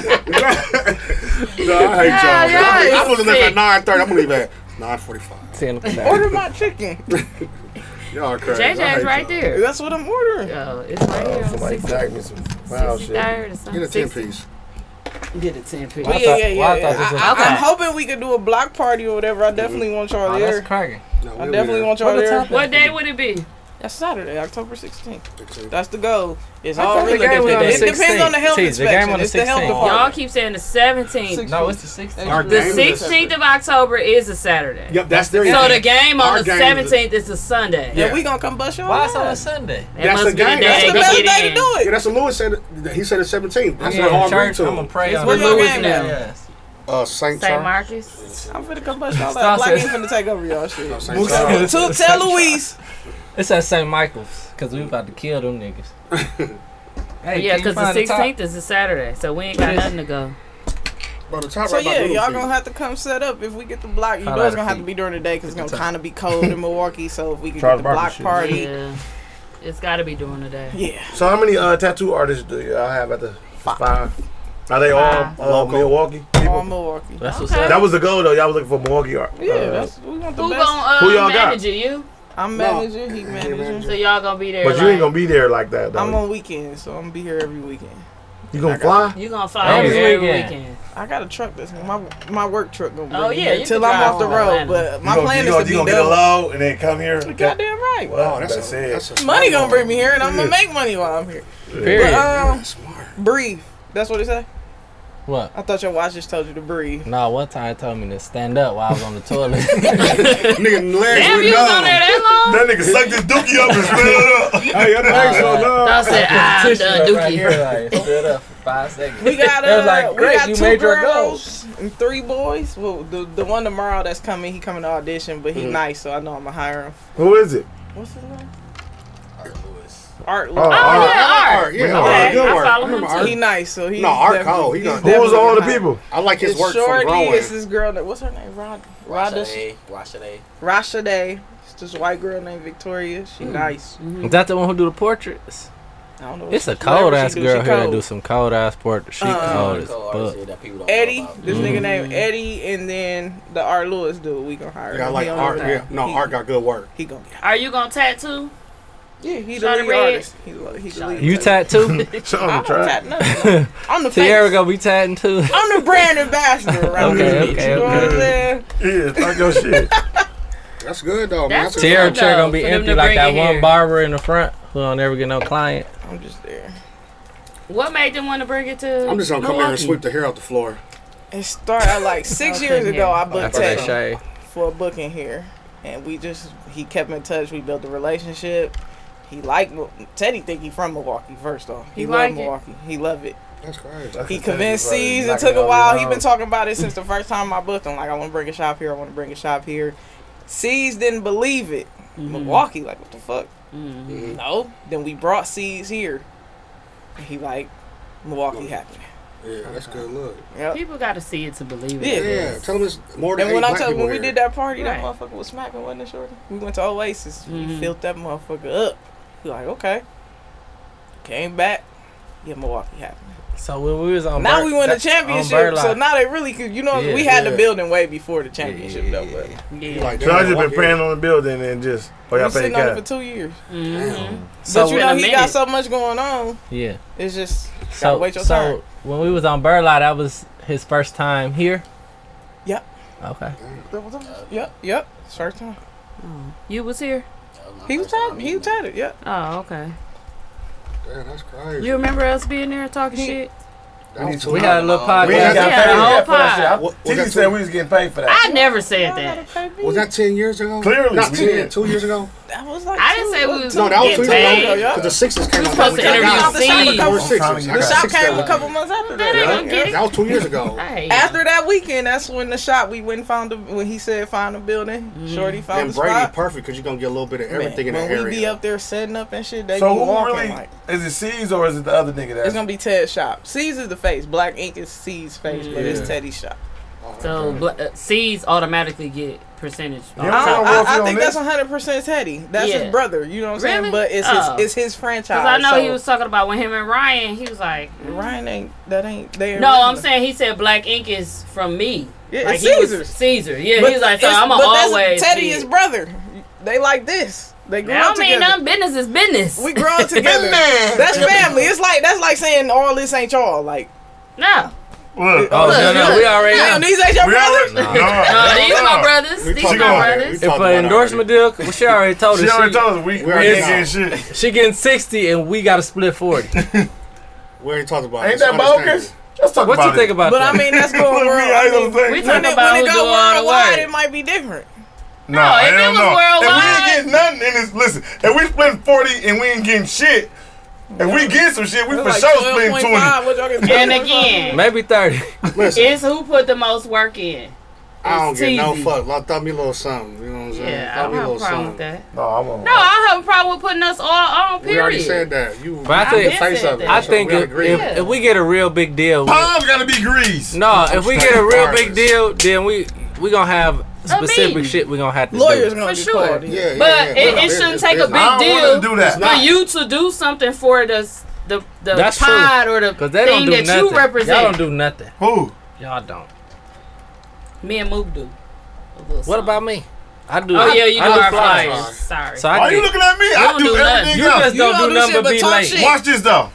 [SPEAKER 7] playing. No, I hate y'all. man.
[SPEAKER 6] God,
[SPEAKER 7] I'm-
[SPEAKER 6] y'all
[SPEAKER 7] I'm gonna leave
[SPEAKER 6] sick.
[SPEAKER 7] at 9:30. I'm gonna leave at 9:45.
[SPEAKER 8] Ten back.
[SPEAKER 9] Order my chicken.
[SPEAKER 7] Y'all crazy. I hate
[SPEAKER 6] JJ's right
[SPEAKER 7] y'all.
[SPEAKER 6] there.
[SPEAKER 9] That's what I'm ordering.
[SPEAKER 6] Oh, it's right here. on
[SPEAKER 4] Somebody
[SPEAKER 6] 60
[SPEAKER 4] tagged me some foul shit.
[SPEAKER 6] third or
[SPEAKER 7] Get
[SPEAKER 6] something.
[SPEAKER 7] a 10
[SPEAKER 6] 60.
[SPEAKER 7] piece.
[SPEAKER 6] Get a 10 piece.
[SPEAKER 8] I
[SPEAKER 9] Yeah,
[SPEAKER 8] thought-
[SPEAKER 9] yeah, yeah.
[SPEAKER 8] well, I
[SPEAKER 9] yeah.
[SPEAKER 8] thought this was-
[SPEAKER 9] I, I,
[SPEAKER 6] Okay.
[SPEAKER 9] am hoping we could do a block party or whatever. I definitely want y'all
[SPEAKER 8] Oh,
[SPEAKER 9] there.
[SPEAKER 8] that's cracking.
[SPEAKER 7] No,
[SPEAKER 9] I definitely want y'all
[SPEAKER 8] What the
[SPEAKER 9] there.
[SPEAKER 8] top-
[SPEAKER 6] What day would it be?
[SPEAKER 9] That's Saturday, October 16th.
[SPEAKER 7] you.
[SPEAKER 9] That's the goal. It's
[SPEAKER 8] I thought
[SPEAKER 9] all
[SPEAKER 8] the
[SPEAKER 9] really
[SPEAKER 8] game was on
[SPEAKER 9] depends.
[SPEAKER 8] the
[SPEAKER 9] It depends on the health
[SPEAKER 8] 16th. The game
[SPEAKER 9] inspection.
[SPEAKER 8] on the
[SPEAKER 9] It's the health
[SPEAKER 8] 16th.
[SPEAKER 6] Y'all
[SPEAKER 9] department.
[SPEAKER 6] keep saying the 17th.
[SPEAKER 8] No, it's the 16th.
[SPEAKER 7] Our
[SPEAKER 6] The
[SPEAKER 7] game is-
[SPEAKER 6] 16th of October is a Saturday.
[SPEAKER 7] Yep, that's their
[SPEAKER 6] So the game on
[SPEAKER 7] Our
[SPEAKER 6] the
[SPEAKER 7] game is-
[SPEAKER 6] 17th is a Sunday.
[SPEAKER 9] Yeah, we gonna come bust y'all.
[SPEAKER 8] Why it's on a
[SPEAKER 9] ass.
[SPEAKER 8] Sunday?
[SPEAKER 6] That
[SPEAKER 7] That's
[SPEAKER 6] must
[SPEAKER 7] the
[SPEAKER 6] be
[SPEAKER 7] game.
[SPEAKER 6] day
[SPEAKER 7] That's
[SPEAKER 6] they
[SPEAKER 9] That's the
[SPEAKER 7] They
[SPEAKER 9] best
[SPEAKER 6] get
[SPEAKER 9] day
[SPEAKER 6] in.
[SPEAKER 9] to do
[SPEAKER 7] Yeah,
[SPEAKER 9] it.
[SPEAKER 7] that's what Lewis said. He said it's 17. That's what I
[SPEAKER 8] I'm going
[SPEAKER 7] agreed
[SPEAKER 8] to church. I'm
[SPEAKER 7] to.
[SPEAKER 8] going to pray.
[SPEAKER 9] Where
[SPEAKER 8] on
[SPEAKER 9] y'all
[SPEAKER 8] it.
[SPEAKER 9] game now?
[SPEAKER 8] Yes.
[SPEAKER 7] Uh, Saint
[SPEAKER 6] St.
[SPEAKER 7] Charles.
[SPEAKER 6] Marcus.
[SPEAKER 9] I'm finna come bust y'all.
[SPEAKER 8] Stop
[SPEAKER 9] ass. Black
[SPEAKER 8] saying-
[SPEAKER 9] ain't finna take over y'all shit.
[SPEAKER 7] No, Saint Charles.
[SPEAKER 9] To tell Luis,
[SPEAKER 8] It's at St. Michael's because we about to kill them
[SPEAKER 7] [laughs]
[SPEAKER 8] niggas. hey,
[SPEAKER 6] Yeah,
[SPEAKER 8] can you
[SPEAKER 6] because the
[SPEAKER 8] find top?
[SPEAKER 6] 16th is a Saturday, so we ain't got
[SPEAKER 8] Yes.
[SPEAKER 6] nothing to go.
[SPEAKER 7] Bro, the top
[SPEAKER 9] so
[SPEAKER 7] right by
[SPEAKER 9] yeah, y'all
[SPEAKER 7] Littlefield.
[SPEAKER 9] gonna have to come set up if we get the block. You
[SPEAKER 8] Hot
[SPEAKER 9] know
[SPEAKER 8] out
[SPEAKER 9] it's
[SPEAKER 8] of
[SPEAKER 9] gonna have to
[SPEAKER 8] feet.
[SPEAKER 9] be during the day because it's gonna kind of be cold in Milwaukee. So if we can get
[SPEAKER 4] Charles
[SPEAKER 9] the
[SPEAKER 4] Barkley
[SPEAKER 9] block
[SPEAKER 4] shit.
[SPEAKER 9] party,
[SPEAKER 6] Yeah. It's got to be during the day.
[SPEAKER 9] yeah.
[SPEAKER 4] So how many uh, tattoo artists do y'all have at the five? Are they
[SPEAKER 6] Five.
[SPEAKER 4] all uh, Milwaukee?
[SPEAKER 9] All Milwaukee.
[SPEAKER 8] That's what's
[SPEAKER 6] Okay.
[SPEAKER 8] up.
[SPEAKER 4] That was the goal though. Y'all was looking for Milwaukee art.
[SPEAKER 9] Yeah,
[SPEAKER 4] uh,
[SPEAKER 9] that's we want the
[SPEAKER 6] Who
[SPEAKER 9] best.
[SPEAKER 6] gonna uh,
[SPEAKER 4] Who y'all got?
[SPEAKER 6] manage it? You?
[SPEAKER 9] I'm
[SPEAKER 7] No.
[SPEAKER 9] manager, he manager.
[SPEAKER 6] So y'all gonna be there?
[SPEAKER 4] But you ain't
[SPEAKER 6] like-
[SPEAKER 4] gonna be there like that though.
[SPEAKER 9] I'm on weekends, so I'm gonna be here every weekend.
[SPEAKER 4] you gonna fly?
[SPEAKER 6] You gonna fly
[SPEAKER 8] Every
[SPEAKER 6] every, every
[SPEAKER 8] weekend.
[SPEAKER 6] weekend.
[SPEAKER 9] I got a truck that's my my work truck gonna be
[SPEAKER 6] Oh, yeah, you
[SPEAKER 9] until
[SPEAKER 6] can
[SPEAKER 9] I'm
[SPEAKER 6] drive
[SPEAKER 9] off the
[SPEAKER 6] home
[SPEAKER 9] road.
[SPEAKER 6] Atlanta.
[SPEAKER 9] But my
[SPEAKER 4] you gonna,
[SPEAKER 9] plan
[SPEAKER 4] you
[SPEAKER 9] is
[SPEAKER 4] gonna,
[SPEAKER 9] to
[SPEAKER 4] you
[SPEAKER 9] be
[SPEAKER 4] gonna get a
[SPEAKER 9] done.
[SPEAKER 4] load and then come here.
[SPEAKER 9] Goddamn right.
[SPEAKER 4] Well,
[SPEAKER 7] Oh,
[SPEAKER 4] that's,
[SPEAKER 7] that's, a,
[SPEAKER 4] it.
[SPEAKER 7] that's a
[SPEAKER 9] Money
[SPEAKER 7] smart
[SPEAKER 9] gonna bring me here, and I'm
[SPEAKER 4] Yeah.
[SPEAKER 9] gonna make money while I'm here.
[SPEAKER 8] Period.
[SPEAKER 9] um,
[SPEAKER 7] one. Smart.
[SPEAKER 9] Breathe. That's what it said.
[SPEAKER 8] what?
[SPEAKER 9] I thought your watch just told you to breathe.
[SPEAKER 8] No, one time it told me to stand up while I was on the toilet.
[SPEAKER 7] Nigga, legs
[SPEAKER 6] Damn,
[SPEAKER 7] went
[SPEAKER 6] you was on there
[SPEAKER 7] numb.
[SPEAKER 6] that long?
[SPEAKER 4] that nigga sucked his dookie up and spit it up.
[SPEAKER 7] Hey, your legs so numb.
[SPEAKER 6] I said, I'm done,
[SPEAKER 8] Right
[SPEAKER 6] Dookie.
[SPEAKER 8] here, like,
[SPEAKER 9] [laughs]
[SPEAKER 8] stood up for five seconds.
[SPEAKER 9] We
[SPEAKER 8] [laughs]
[SPEAKER 9] got
[SPEAKER 8] It
[SPEAKER 9] uh,
[SPEAKER 8] was like,
[SPEAKER 9] we
[SPEAKER 8] great,
[SPEAKER 9] got
[SPEAKER 8] you
[SPEAKER 9] two
[SPEAKER 8] made your
[SPEAKER 9] girls and three boys. Well, the the one tomorrow that's coming, he coming to audition, but he nice, so I know I'm gonna hire him.
[SPEAKER 4] Who is it?
[SPEAKER 9] What's his name? Art Lewis.
[SPEAKER 4] Oh,
[SPEAKER 9] Art.
[SPEAKER 4] all right.
[SPEAKER 6] Yeah,
[SPEAKER 7] Art, yeah,
[SPEAKER 4] Yeah,
[SPEAKER 7] Art,
[SPEAKER 4] Art.
[SPEAKER 7] good
[SPEAKER 6] I
[SPEAKER 7] work.
[SPEAKER 6] follow
[SPEAKER 7] remember
[SPEAKER 6] him
[SPEAKER 7] Art.
[SPEAKER 9] He nice, so he's
[SPEAKER 7] No, Art
[SPEAKER 9] definitely-
[SPEAKER 7] Cole, he
[SPEAKER 9] he's
[SPEAKER 7] done-
[SPEAKER 4] Who was
[SPEAKER 9] definitely
[SPEAKER 4] all the [laughs]
[SPEAKER 9] nice.
[SPEAKER 4] people?
[SPEAKER 7] I like his
[SPEAKER 9] It's
[SPEAKER 7] work from
[SPEAKER 9] Shorty
[SPEAKER 7] growing.
[SPEAKER 9] is this girl. That, what's her name? Rod. Rada.
[SPEAKER 10] Rashade, Rashade.
[SPEAKER 9] Rasha Day. It's this white girl named Victoria. She nice.
[SPEAKER 8] Is that the one who do the portraits?
[SPEAKER 9] I don't know. what
[SPEAKER 8] It's
[SPEAKER 9] she-
[SPEAKER 8] a cold
[SPEAKER 9] whatever she
[SPEAKER 8] ass
[SPEAKER 9] do,
[SPEAKER 8] girl
[SPEAKER 9] she
[SPEAKER 8] here that
[SPEAKER 9] cold.
[SPEAKER 8] do some cold ass portraits. She
[SPEAKER 9] Uh,
[SPEAKER 8] cold as
[SPEAKER 10] Nicole artist
[SPEAKER 8] fuck.
[SPEAKER 10] here that people don't know
[SPEAKER 9] Eddie.
[SPEAKER 10] about.
[SPEAKER 9] This nigga named Eddie, and then the Art Lewis dude. We gonna hire.
[SPEAKER 7] Yeah, I
[SPEAKER 9] him.
[SPEAKER 7] like
[SPEAKER 9] He on the
[SPEAKER 7] Art.
[SPEAKER 9] job.
[SPEAKER 7] Yeah, no,
[SPEAKER 9] he,
[SPEAKER 7] Art got good work.
[SPEAKER 9] He gonna get.
[SPEAKER 6] Are you gonna tattoo?
[SPEAKER 9] Yeah, he the
[SPEAKER 6] Shawty
[SPEAKER 9] lead
[SPEAKER 6] Red.
[SPEAKER 9] artist. He, lo- he the lead.
[SPEAKER 8] You
[SPEAKER 9] [laughs]
[SPEAKER 8] tattoo?
[SPEAKER 9] I
[SPEAKER 4] Sean
[SPEAKER 9] don't tat
[SPEAKER 4] tried.
[SPEAKER 9] nothing.
[SPEAKER 8] [laughs]
[SPEAKER 9] I'm the
[SPEAKER 8] Tierra
[SPEAKER 9] face.
[SPEAKER 8] gonna be tatting
[SPEAKER 9] [laughs]
[SPEAKER 8] too.
[SPEAKER 9] I'm the brand ambassador around
[SPEAKER 8] Okay,
[SPEAKER 9] this bitch.
[SPEAKER 8] okay,
[SPEAKER 9] you know
[SPEAKER 8] okay.
[SPEAKER 9] what I'm saying?
[SPEAKER 4] Yeah, fuck your [laughs] shit.
[SPEAKER 7] That's good though, man.
[SPEAKER 6] That's
[SPEAKER 7] That's
[SPEAKER 8] Tierra
[SPEAKER 6] though,
[SPEAKER 8] chair gonna be
[SPEAKER 6] for them
[SPEAKER 8] empty
[SPEAKER 6] to
[SPEAKER 8] like
[SPEAKER 6] bring
[SPEAKER 8] that
[SPEAKER 6] it
[SPEAKER 8] one
[SPEAKER 6] here.
[SPEAKER 8] barber in the front who don't ever get no client.
[SPEAKER 9] I'm just there.
[SPEAKER 6] What made them want to bring it to?
[SPEAKER 7] I'm just gonna come here and
[SPEAKER 6] Milwaukee?
[SPEAKER 7] sweep the hair off the floor.
[SPEAKER 9] It started like
[SPEAKER 6] [laughs]
[SPEAKER 9] six
[SPEAKER 6] Okay,
[SPEAKER 9] years ago.
[SPEAKER 6] yeah.
[SPEAKER 9] I booked
[SPEAKER 8] After that
[SPEAKER 9] Tech.
[SPEAKER 8] shade.
[SPEAKER 9] for a booking here, and we just he kept in touch. We built a relationship. He liked Mil- Teddy. Think he from Milwaukee? First off, he,
[SPEAKER 6] He
[SPEAKER 9] loved
[SPEAKER 6] like it?
[SPEAKER 9] Milwaukee. He loved it.
[SPEAKER 7] That's crazy.
[SPEAKER 4] That's
[SPEAKER 9] He
[SPEAKER 4] a tell
[SPEAKER 9] convinced
[SPEAKER 4] you, bro,
[SPEAKER 9] C's. It
[SPEAKER 4] knocking
[SPEAKER 9] took a
[SPEAKER 4] on
[SPEAKER 9] while.
[SPEAKER 4] your
[SPEAKER 9] He been
[SPEAKER 4] house.
[SPEAKER 9] talking about it since the first time I booked him. Like I want to bring a shop here. I want to bring a shop here. C's didn't believe it.
[SPEAKER 7] Mm-hmm.
[SPEAKER 9] Milwaukee, like what the fuck? No. Then we brought C's here. And he like Milwaukee happened.
[SPEAKER 7] Yeah, that's good look.
[SPEAKER 6] People got to see it to believe
[SPEAKER 7] Yeah,
[SPEAKER 6] it.
[SPEAKER 7] yeah. Tell them it's more than
[SPEAKER 9] And when
[SPEAKER 7] eight
[SPEAKER 9] I
[SPEAKER 7] black
[SPEAKER 9] told
[SPEAKER 7] people
[SPEAKER 9] when we
[SPEAKER 7] here.
[SPEAKER 9] did that party,
[SPEAKER 6] Right.
[SPEAKER 9] that motherfucker was smacking, wasn't it, Shorty? We went to Oasis. We filled that motherfucker up. We like, okay. Came back. Yeah, Milwaukee happened.
[SPEAKER 8] So when we was on
[SPEAKER 9] now
[SPEAKER 8] Bur-
[SPEAKER 9] we won
[SPEAKER 8] that-
[SPEAKER 9] the
[SPEAKER 8] on
[SPEAKER 9] championship. So
[SPEAKER 8] Burlock.
[SPEAKER 9] now they really could, you know,
[SPEAKER 8] Yeah,
[SPEAKER 9] we had
[SPEAKER 8] yeah.
[SPEAKER 9] the building way before the championship, though. But
[SPEAKER 4] Like, so I just been praying on the building and just oh y'all
[SPEAKER 9] We've
[SPEAKER 4] pay
[SPEAKER 9] sitting on it
[SPEAKER 4] cash.
[SPEAKER 9] for two years.
[SPEAKER 8] So
[SPEAKER 6] Mm-hmm.
[SPEAKER 9] but you
[SPEAKER 8] in
[SPEAKER 9] know,
[SPEAKER 8] a
[SPEAKER 9] he got
[SPEAKER 8] minute-
[SPEAKER 9] so much going on.
[SPEAKER 8] Yeah.
[SPEAKER 9] It's just gotta
[SPEAKER 8] So
[SPEAKER 9] wait your
[SPEAKER 8] so
[SPEAKER 9] turn.
[SPEAKER 8] when we was on Burlock, that was his first time here.
[SPEAKER 9] Yep.
[SPEAKER 8] Okay.
[SPEAKER 9] Yep, yep. First time.
[SPEAKER 6] You was here.
[SPEAKER 9] He was tatted. He was tatted. Yep.
[SPEAKER 6] Oh, okay.
[SPEAKER 7] Damn, that's crazy.
[SPEAKER 6] You remember us being there talking
[SPEAKER 9] He-
[SPEAKER 6] shit?
[SPEAKER 8] We had a little podcast.
[SPEAKER 4] We ain't got
[SPEAKER 6] Yeah, the whole
[SPEAKER 4] paid for that
[SPEAKER 6] pod.
[SPEAKER 4] shit. Tizzy said we was getting paid for that.
[SPEAKER 6] I never said that.
[SPEAKER 7] Was that ten years ago?
[SPEAKER 4] Clearly,
[SPEAKER 7] not
[SPEAKER 4] we
[SPEAKER 7] ten.
[SPEAKER 4] did.
[SPEAKER 7] Two years ago?
[SPEAKER 9] That was like
[SPEAKER 6] I didn't say we was
[SPEAKER 7] No, that was two
[SPEAKER 6] getting
[SPEAKER 7] years ago.
[SPEAKER 6] paid.
[SPEAKER 9] yeah.
[SPEAKER 7] Because the Sixers came out.
[SPEAKER 6] supposed to
[SPEAKER 7] That was-
[SPEAKER 6] interview
[SPEAKER 7] that was-
[SPEAKER 6] Steve.
[SPEAKER 7] that was Sixers.
[SPEAKER 4] The
[SPEAKER 7] I
[SPEAKER 9] The
[SPEAKER 7] got
[SPEAKER 9] shop
[SPEAKER 7] Sixers
[SPEAKER 9] came
[SPEAKER 7] that
[SPEAKER 9] a
[SPEAKER 7] was-
[SPEAKER 9] couple months after that.
[SPEAKER 6] That ain't gonna get it.
[SPEAKER 7] That was two years ago.
[SPEAKER 6] I hate it.
[SPEAKER 9] After that weekend, that's when the shop we went and found the when he said find a building.
[SPEAKER 6] Mm-hmm.
[SPEAKER 9] Shorty found
[SPEAKER 7] And
[SPEAKER 9] the
[SPEAKER 7] Brady
[SPEAKER 9] spot.
[SPEAKER 7] perfect because you're gonna get a little bit of
[SPEAKER 9] Man,
[SPEAKER 7] everything in
[SPEAKER 9] when
[SPEAKER 7] that
[SPEAKER 9] we be
[SPEAKER 7] area.
[SPEAKER 9] up there setting up and shit, they
[SPEAKER 4] So
[SPEAKER 9] be
[SPEAKER 4] who
[SPEAKER 9] walking
[SPEAKER 4] really
[SPEAKER 9] like
[SPEAKER 4] is it? C's or is it the other nigga? That's
[SPEAKER 9] it's gonna be Ted's shop. C's is the face. Black ink is C's face, but it's Teddy's shop.
[SPEAKER 6] So bl- uh, C's automatically get percentage. off
[SPEAKER 4] Yeah. I
[SPEAKER 6] top.
[SPEAKER 4] don't know if
[SPEAKER 9] I,
[SPEAKER 4] you
[SPEAKER 9] I
[SPEAKER 4] on
[SPEAKER 9] think
[SPEAKER 4] this.
[SPEAKER 9] that's hundred percent Teddy. That's
[SPEAKER 6] Yeah.
[SPEAKER 9] his brother. You know what I'm saying?
[SPEAKER 6] Really?
[SPEAKER 9] But it's
[SPEAKER 6] Oh.
[SPEAKER 9] his it's his franchise.
[SPEAKER 6] Because I know
[SPEAKER 9] so
[SPEAKER 6] he was talking about when him and Ryan, he was like,
[SPEAKER 9] Ryan ain't that ain't there.
[SPEAKER 6] no, I'm saying he said Black Ink is from me.
[SPEAKER 9] Yeah,
[SPEAKER 6] like
[SPEAKER 9] it's
[SPEAKER 6] he was-
[SPEAKER 9] Caesar's.
[SPEAKER 6] Caesar. Yeah,
[SPEAKER 9] But
[SPEAKER 6] he's like, so
[SPEAKER 9] it's-
[SPEAKER 6] I'm going
[SPEAKER 9] but
[SPEAKER 6] to
[SPEAKER 9] that's
[SPEAKER 6] always.
[SPEAKER 9] Teddy
[SPEAKER 6] be-
[SPEAKER 9] his brother. They like this. They grew
[SPEAKER 6] I
[SPEAKER 9] up
[SPEAKER 6] don't mean
[SPEAKER 9] together.
[SPEAKER 6] nothing. Business is business.
[SPEAKER 9] We grown
[SPEAKER 6] [laughs]
[SPEAKER 9] together. that's family. It's like that's like saying all this ain't y'all. Like
[SPEAKER 6] no.
[SPEAKER 4] Look, uh,
[SPEAKER 8] [laughs] Oh no no, we already.
[SPEAKER 9] damn, these ain't your
[SPEAKER 4] we already.
[SPEAKER 9] brothers.
[SPEAKER 4] No,
[SPEAKER 6] No, these my
[SPEAKER 4] no.
[SPEAKER 6] brothers. These my
[SPEAKER 4] talking about it.
[SPEAKER 6] brothers.
[SPEAKER 8] If
[SPEAKER 7] Talked about
[SPEAKER 8] an
[SPEAKER 7] it
[SPEAKER 8] endorsement deal, well, she already
[SPEAKER 4] [laughs]
[SPEAKER 8] told us
[SPEAKER 4] She already
[SPEAKER 8] she,
[SPEAKER 4] told us we we
[SPEAKER 7] already
[SPEAKER 4] ain't getting shit.
[SPEAKER 8] she getting sixty and we got to split forty.
[SPEAKER 7] We already talked about it.
[SPEAKER 4] Ain't
[SPEAKER 7] It's
[SPEAKER 4] that bogus?
[SPEAKER 7] understandable.
[SPEAKER 4] Let's talk
[SPEAKER 8] What
[SPEAKER 4] about
[SPEAKER 8] you think about
[SPEAKER 9] But I
[SPEAKER 8] that?
[SPEAKER 9] mean that's going
[SPEAKER 4] [laughs] Look at
[SPEAKER 9] world.
[SPEAKER 4] me, I
[SPEAKER 9] I
[SPEAKER 4] ain't
[SPEAKER 9] mean,
[SPEAKER 4] gonna
[SPEAKER 6] We
[SPEAKER 4] think.
[SPEAKER 9] when
[SPEAKER 6] talking
[SPEAKER 9] it, when
[SPEAKER 6] about
[SPEAKER 9] it
[SPEAKER 6] who
[SPEAKER 9] go
[SPEAKER 6] doing all the
[SPEAKER 9] worldwide,
[SPEAKER 6] work.
[SPEAKER 9] it might be different.
[SPEAKER 4] No,
[SPEAKER 6] if it
[SPEAKER 4] hell
[SPEAKER 6] was
[SPEAKER 4] no.
[SPEAKER 6] worldwide-
[SPEAKER 4] If we ain't getting nothing in this, listen. If we split forty and we ain't getting shit, if we get some shit, we for
[SPEAKER 9] Like
[SPEAKER 4] sure splitting
[SPEAKER 9] 12.5,
[SPEAKER 4] twenty.
[SPEAKER 9] what y'all get-
[SPEAKER 6] And again,
[SPEAKER 8] Maybe thirty.
[SPEAKER 7] Listen,
[SPEAKER 6] it's who put the most work in.
[SPEAKER 7] I don't
[SPEAKER 6] it's
[SPEAKER 7] get no
[SPEAKER 6] Teezy.
[SPEAKER 7] fuck. Like, throw me a little something. You know what I'm saying?
[SPEAKER 6] Yeah, I
[SPEAKER 7] Throw
[SPEAKER 6] don't
[SPEAKER 7] me a
[SPEAKER 6] have a
[SPEAKER 7] little
[SPEAKER 6] problem with
[SPEAKER 7] something.
[SPEAKER 6] that.
[SPEAKER 4] No, I'm on.
[SPEAKER 6] No, I don't have a problem with putting us all on,
[SPEAKER 7] We
[SPEAKER 6] period.
[SPEAKER 7] already said that. You
[SPEAKER 8] But I
[SPEAKER 7] you
[SPEAKER 8] think-
[SPEAKER 7] the face of it.
[SPEAKER 8] I
[SPEAKER 7] so
[SPEAKER 8] think
[SPEAKER 7] we
[SPEAKER 8] if,
[SPEAKER 7] agree.
[SPEAKER 8] if, if we get a real big deal, we,
[SPEAKER 4] Palms gotta be greased.
[SPEAKER 8] no, if we get a real
[SPEAKER 7] Regardless.
[SPEAKER 8] big deal, then we we gonna have
[SPEAKER 6] meeting.
[SPEAKER 8] specific shit we gonna have to
[SPEAKER 9] Lawyers
[SPEAKER 8] do.
[SPEAKER 9] gonna
[SPEAKER 6] For
[SPEAKER 9] be
[SPEAKER 6] sure.
[SPEAKER 9] called in.
[SPEAKER 7] yeah, yeah,
[SPEAKER 6] But
[SPEAKER 7] yeah.
[SPEAKER 6] it-
[SPEAKER 7] No,
[SPEAKER 6] it
[SPEAKER 7] it's-
[SPEAKER 6] shouldn't
[SPEAKER 7] it's
[SPEAKER 6] take a
[SPEAKER 7] business.
[SPEAKER 6] big
[SPEAKER 4] I don't want to
[SPEAKER 6] deal
[SPEAKER 4] do that.
[SPEAKER 6] For you to do something for the s- the the
[SPEAKER 8] That's true.
[SPEAKER 6] pod or the
[SPEAKER 8] Cause they
[SPEAKER 6] thing
[SPEAKER 8] don't do
[SPEAKER 6] that
[SPEAKER 8] nothing.
[SPEAKER 6] you represent.
[SPEAKER 8] Y'all don't do nothing.
[SPEAKER 4] Who?
[SPEAKER 8] Y'all don't.
[SPEAKER 6] Me and Mook do. A little
[SPEAKER 8] What
[SPEAKER 6] something.
[SPEAKER 8] about me? I do.
[SPEAKER 6] Oh yeah, you
[SPEAKER 8] I
[SPEAKER 6] do our
[SPEAKER 8] flyers.
[SPEAKER 6] flyers. Sorry.
[SPEAKER 8] So
[SPEAKER 4] Why
[SPEAKER 8] I
[SPEAKER 4] you
[SPEAKER 8] do.
[SPEAKER 4] looking at me? I
[SPEAKER 6] don't
[SPEAKER 4] do
[SPEAKER 6] do nothing.
[SPEAKER 4] everything
[SPEAKER 8] You
[SPEAKER 4] else.
[SPEAKER 8] just don't,
[SPEAKER 9] don't
[SPEAKER 8] do
[SPEAKER 9] do
[SPEAKER 8] nothing
[SPEAKER 9] shit
[SPEAKER 8] but
[SPEAKER 9] but
[SPEAKER 8] be
[SPEAKER 9] talk
[SPEAKER 8] late.
[SPEAKER 9] shit.
[SPEAKER 4] Watch this though.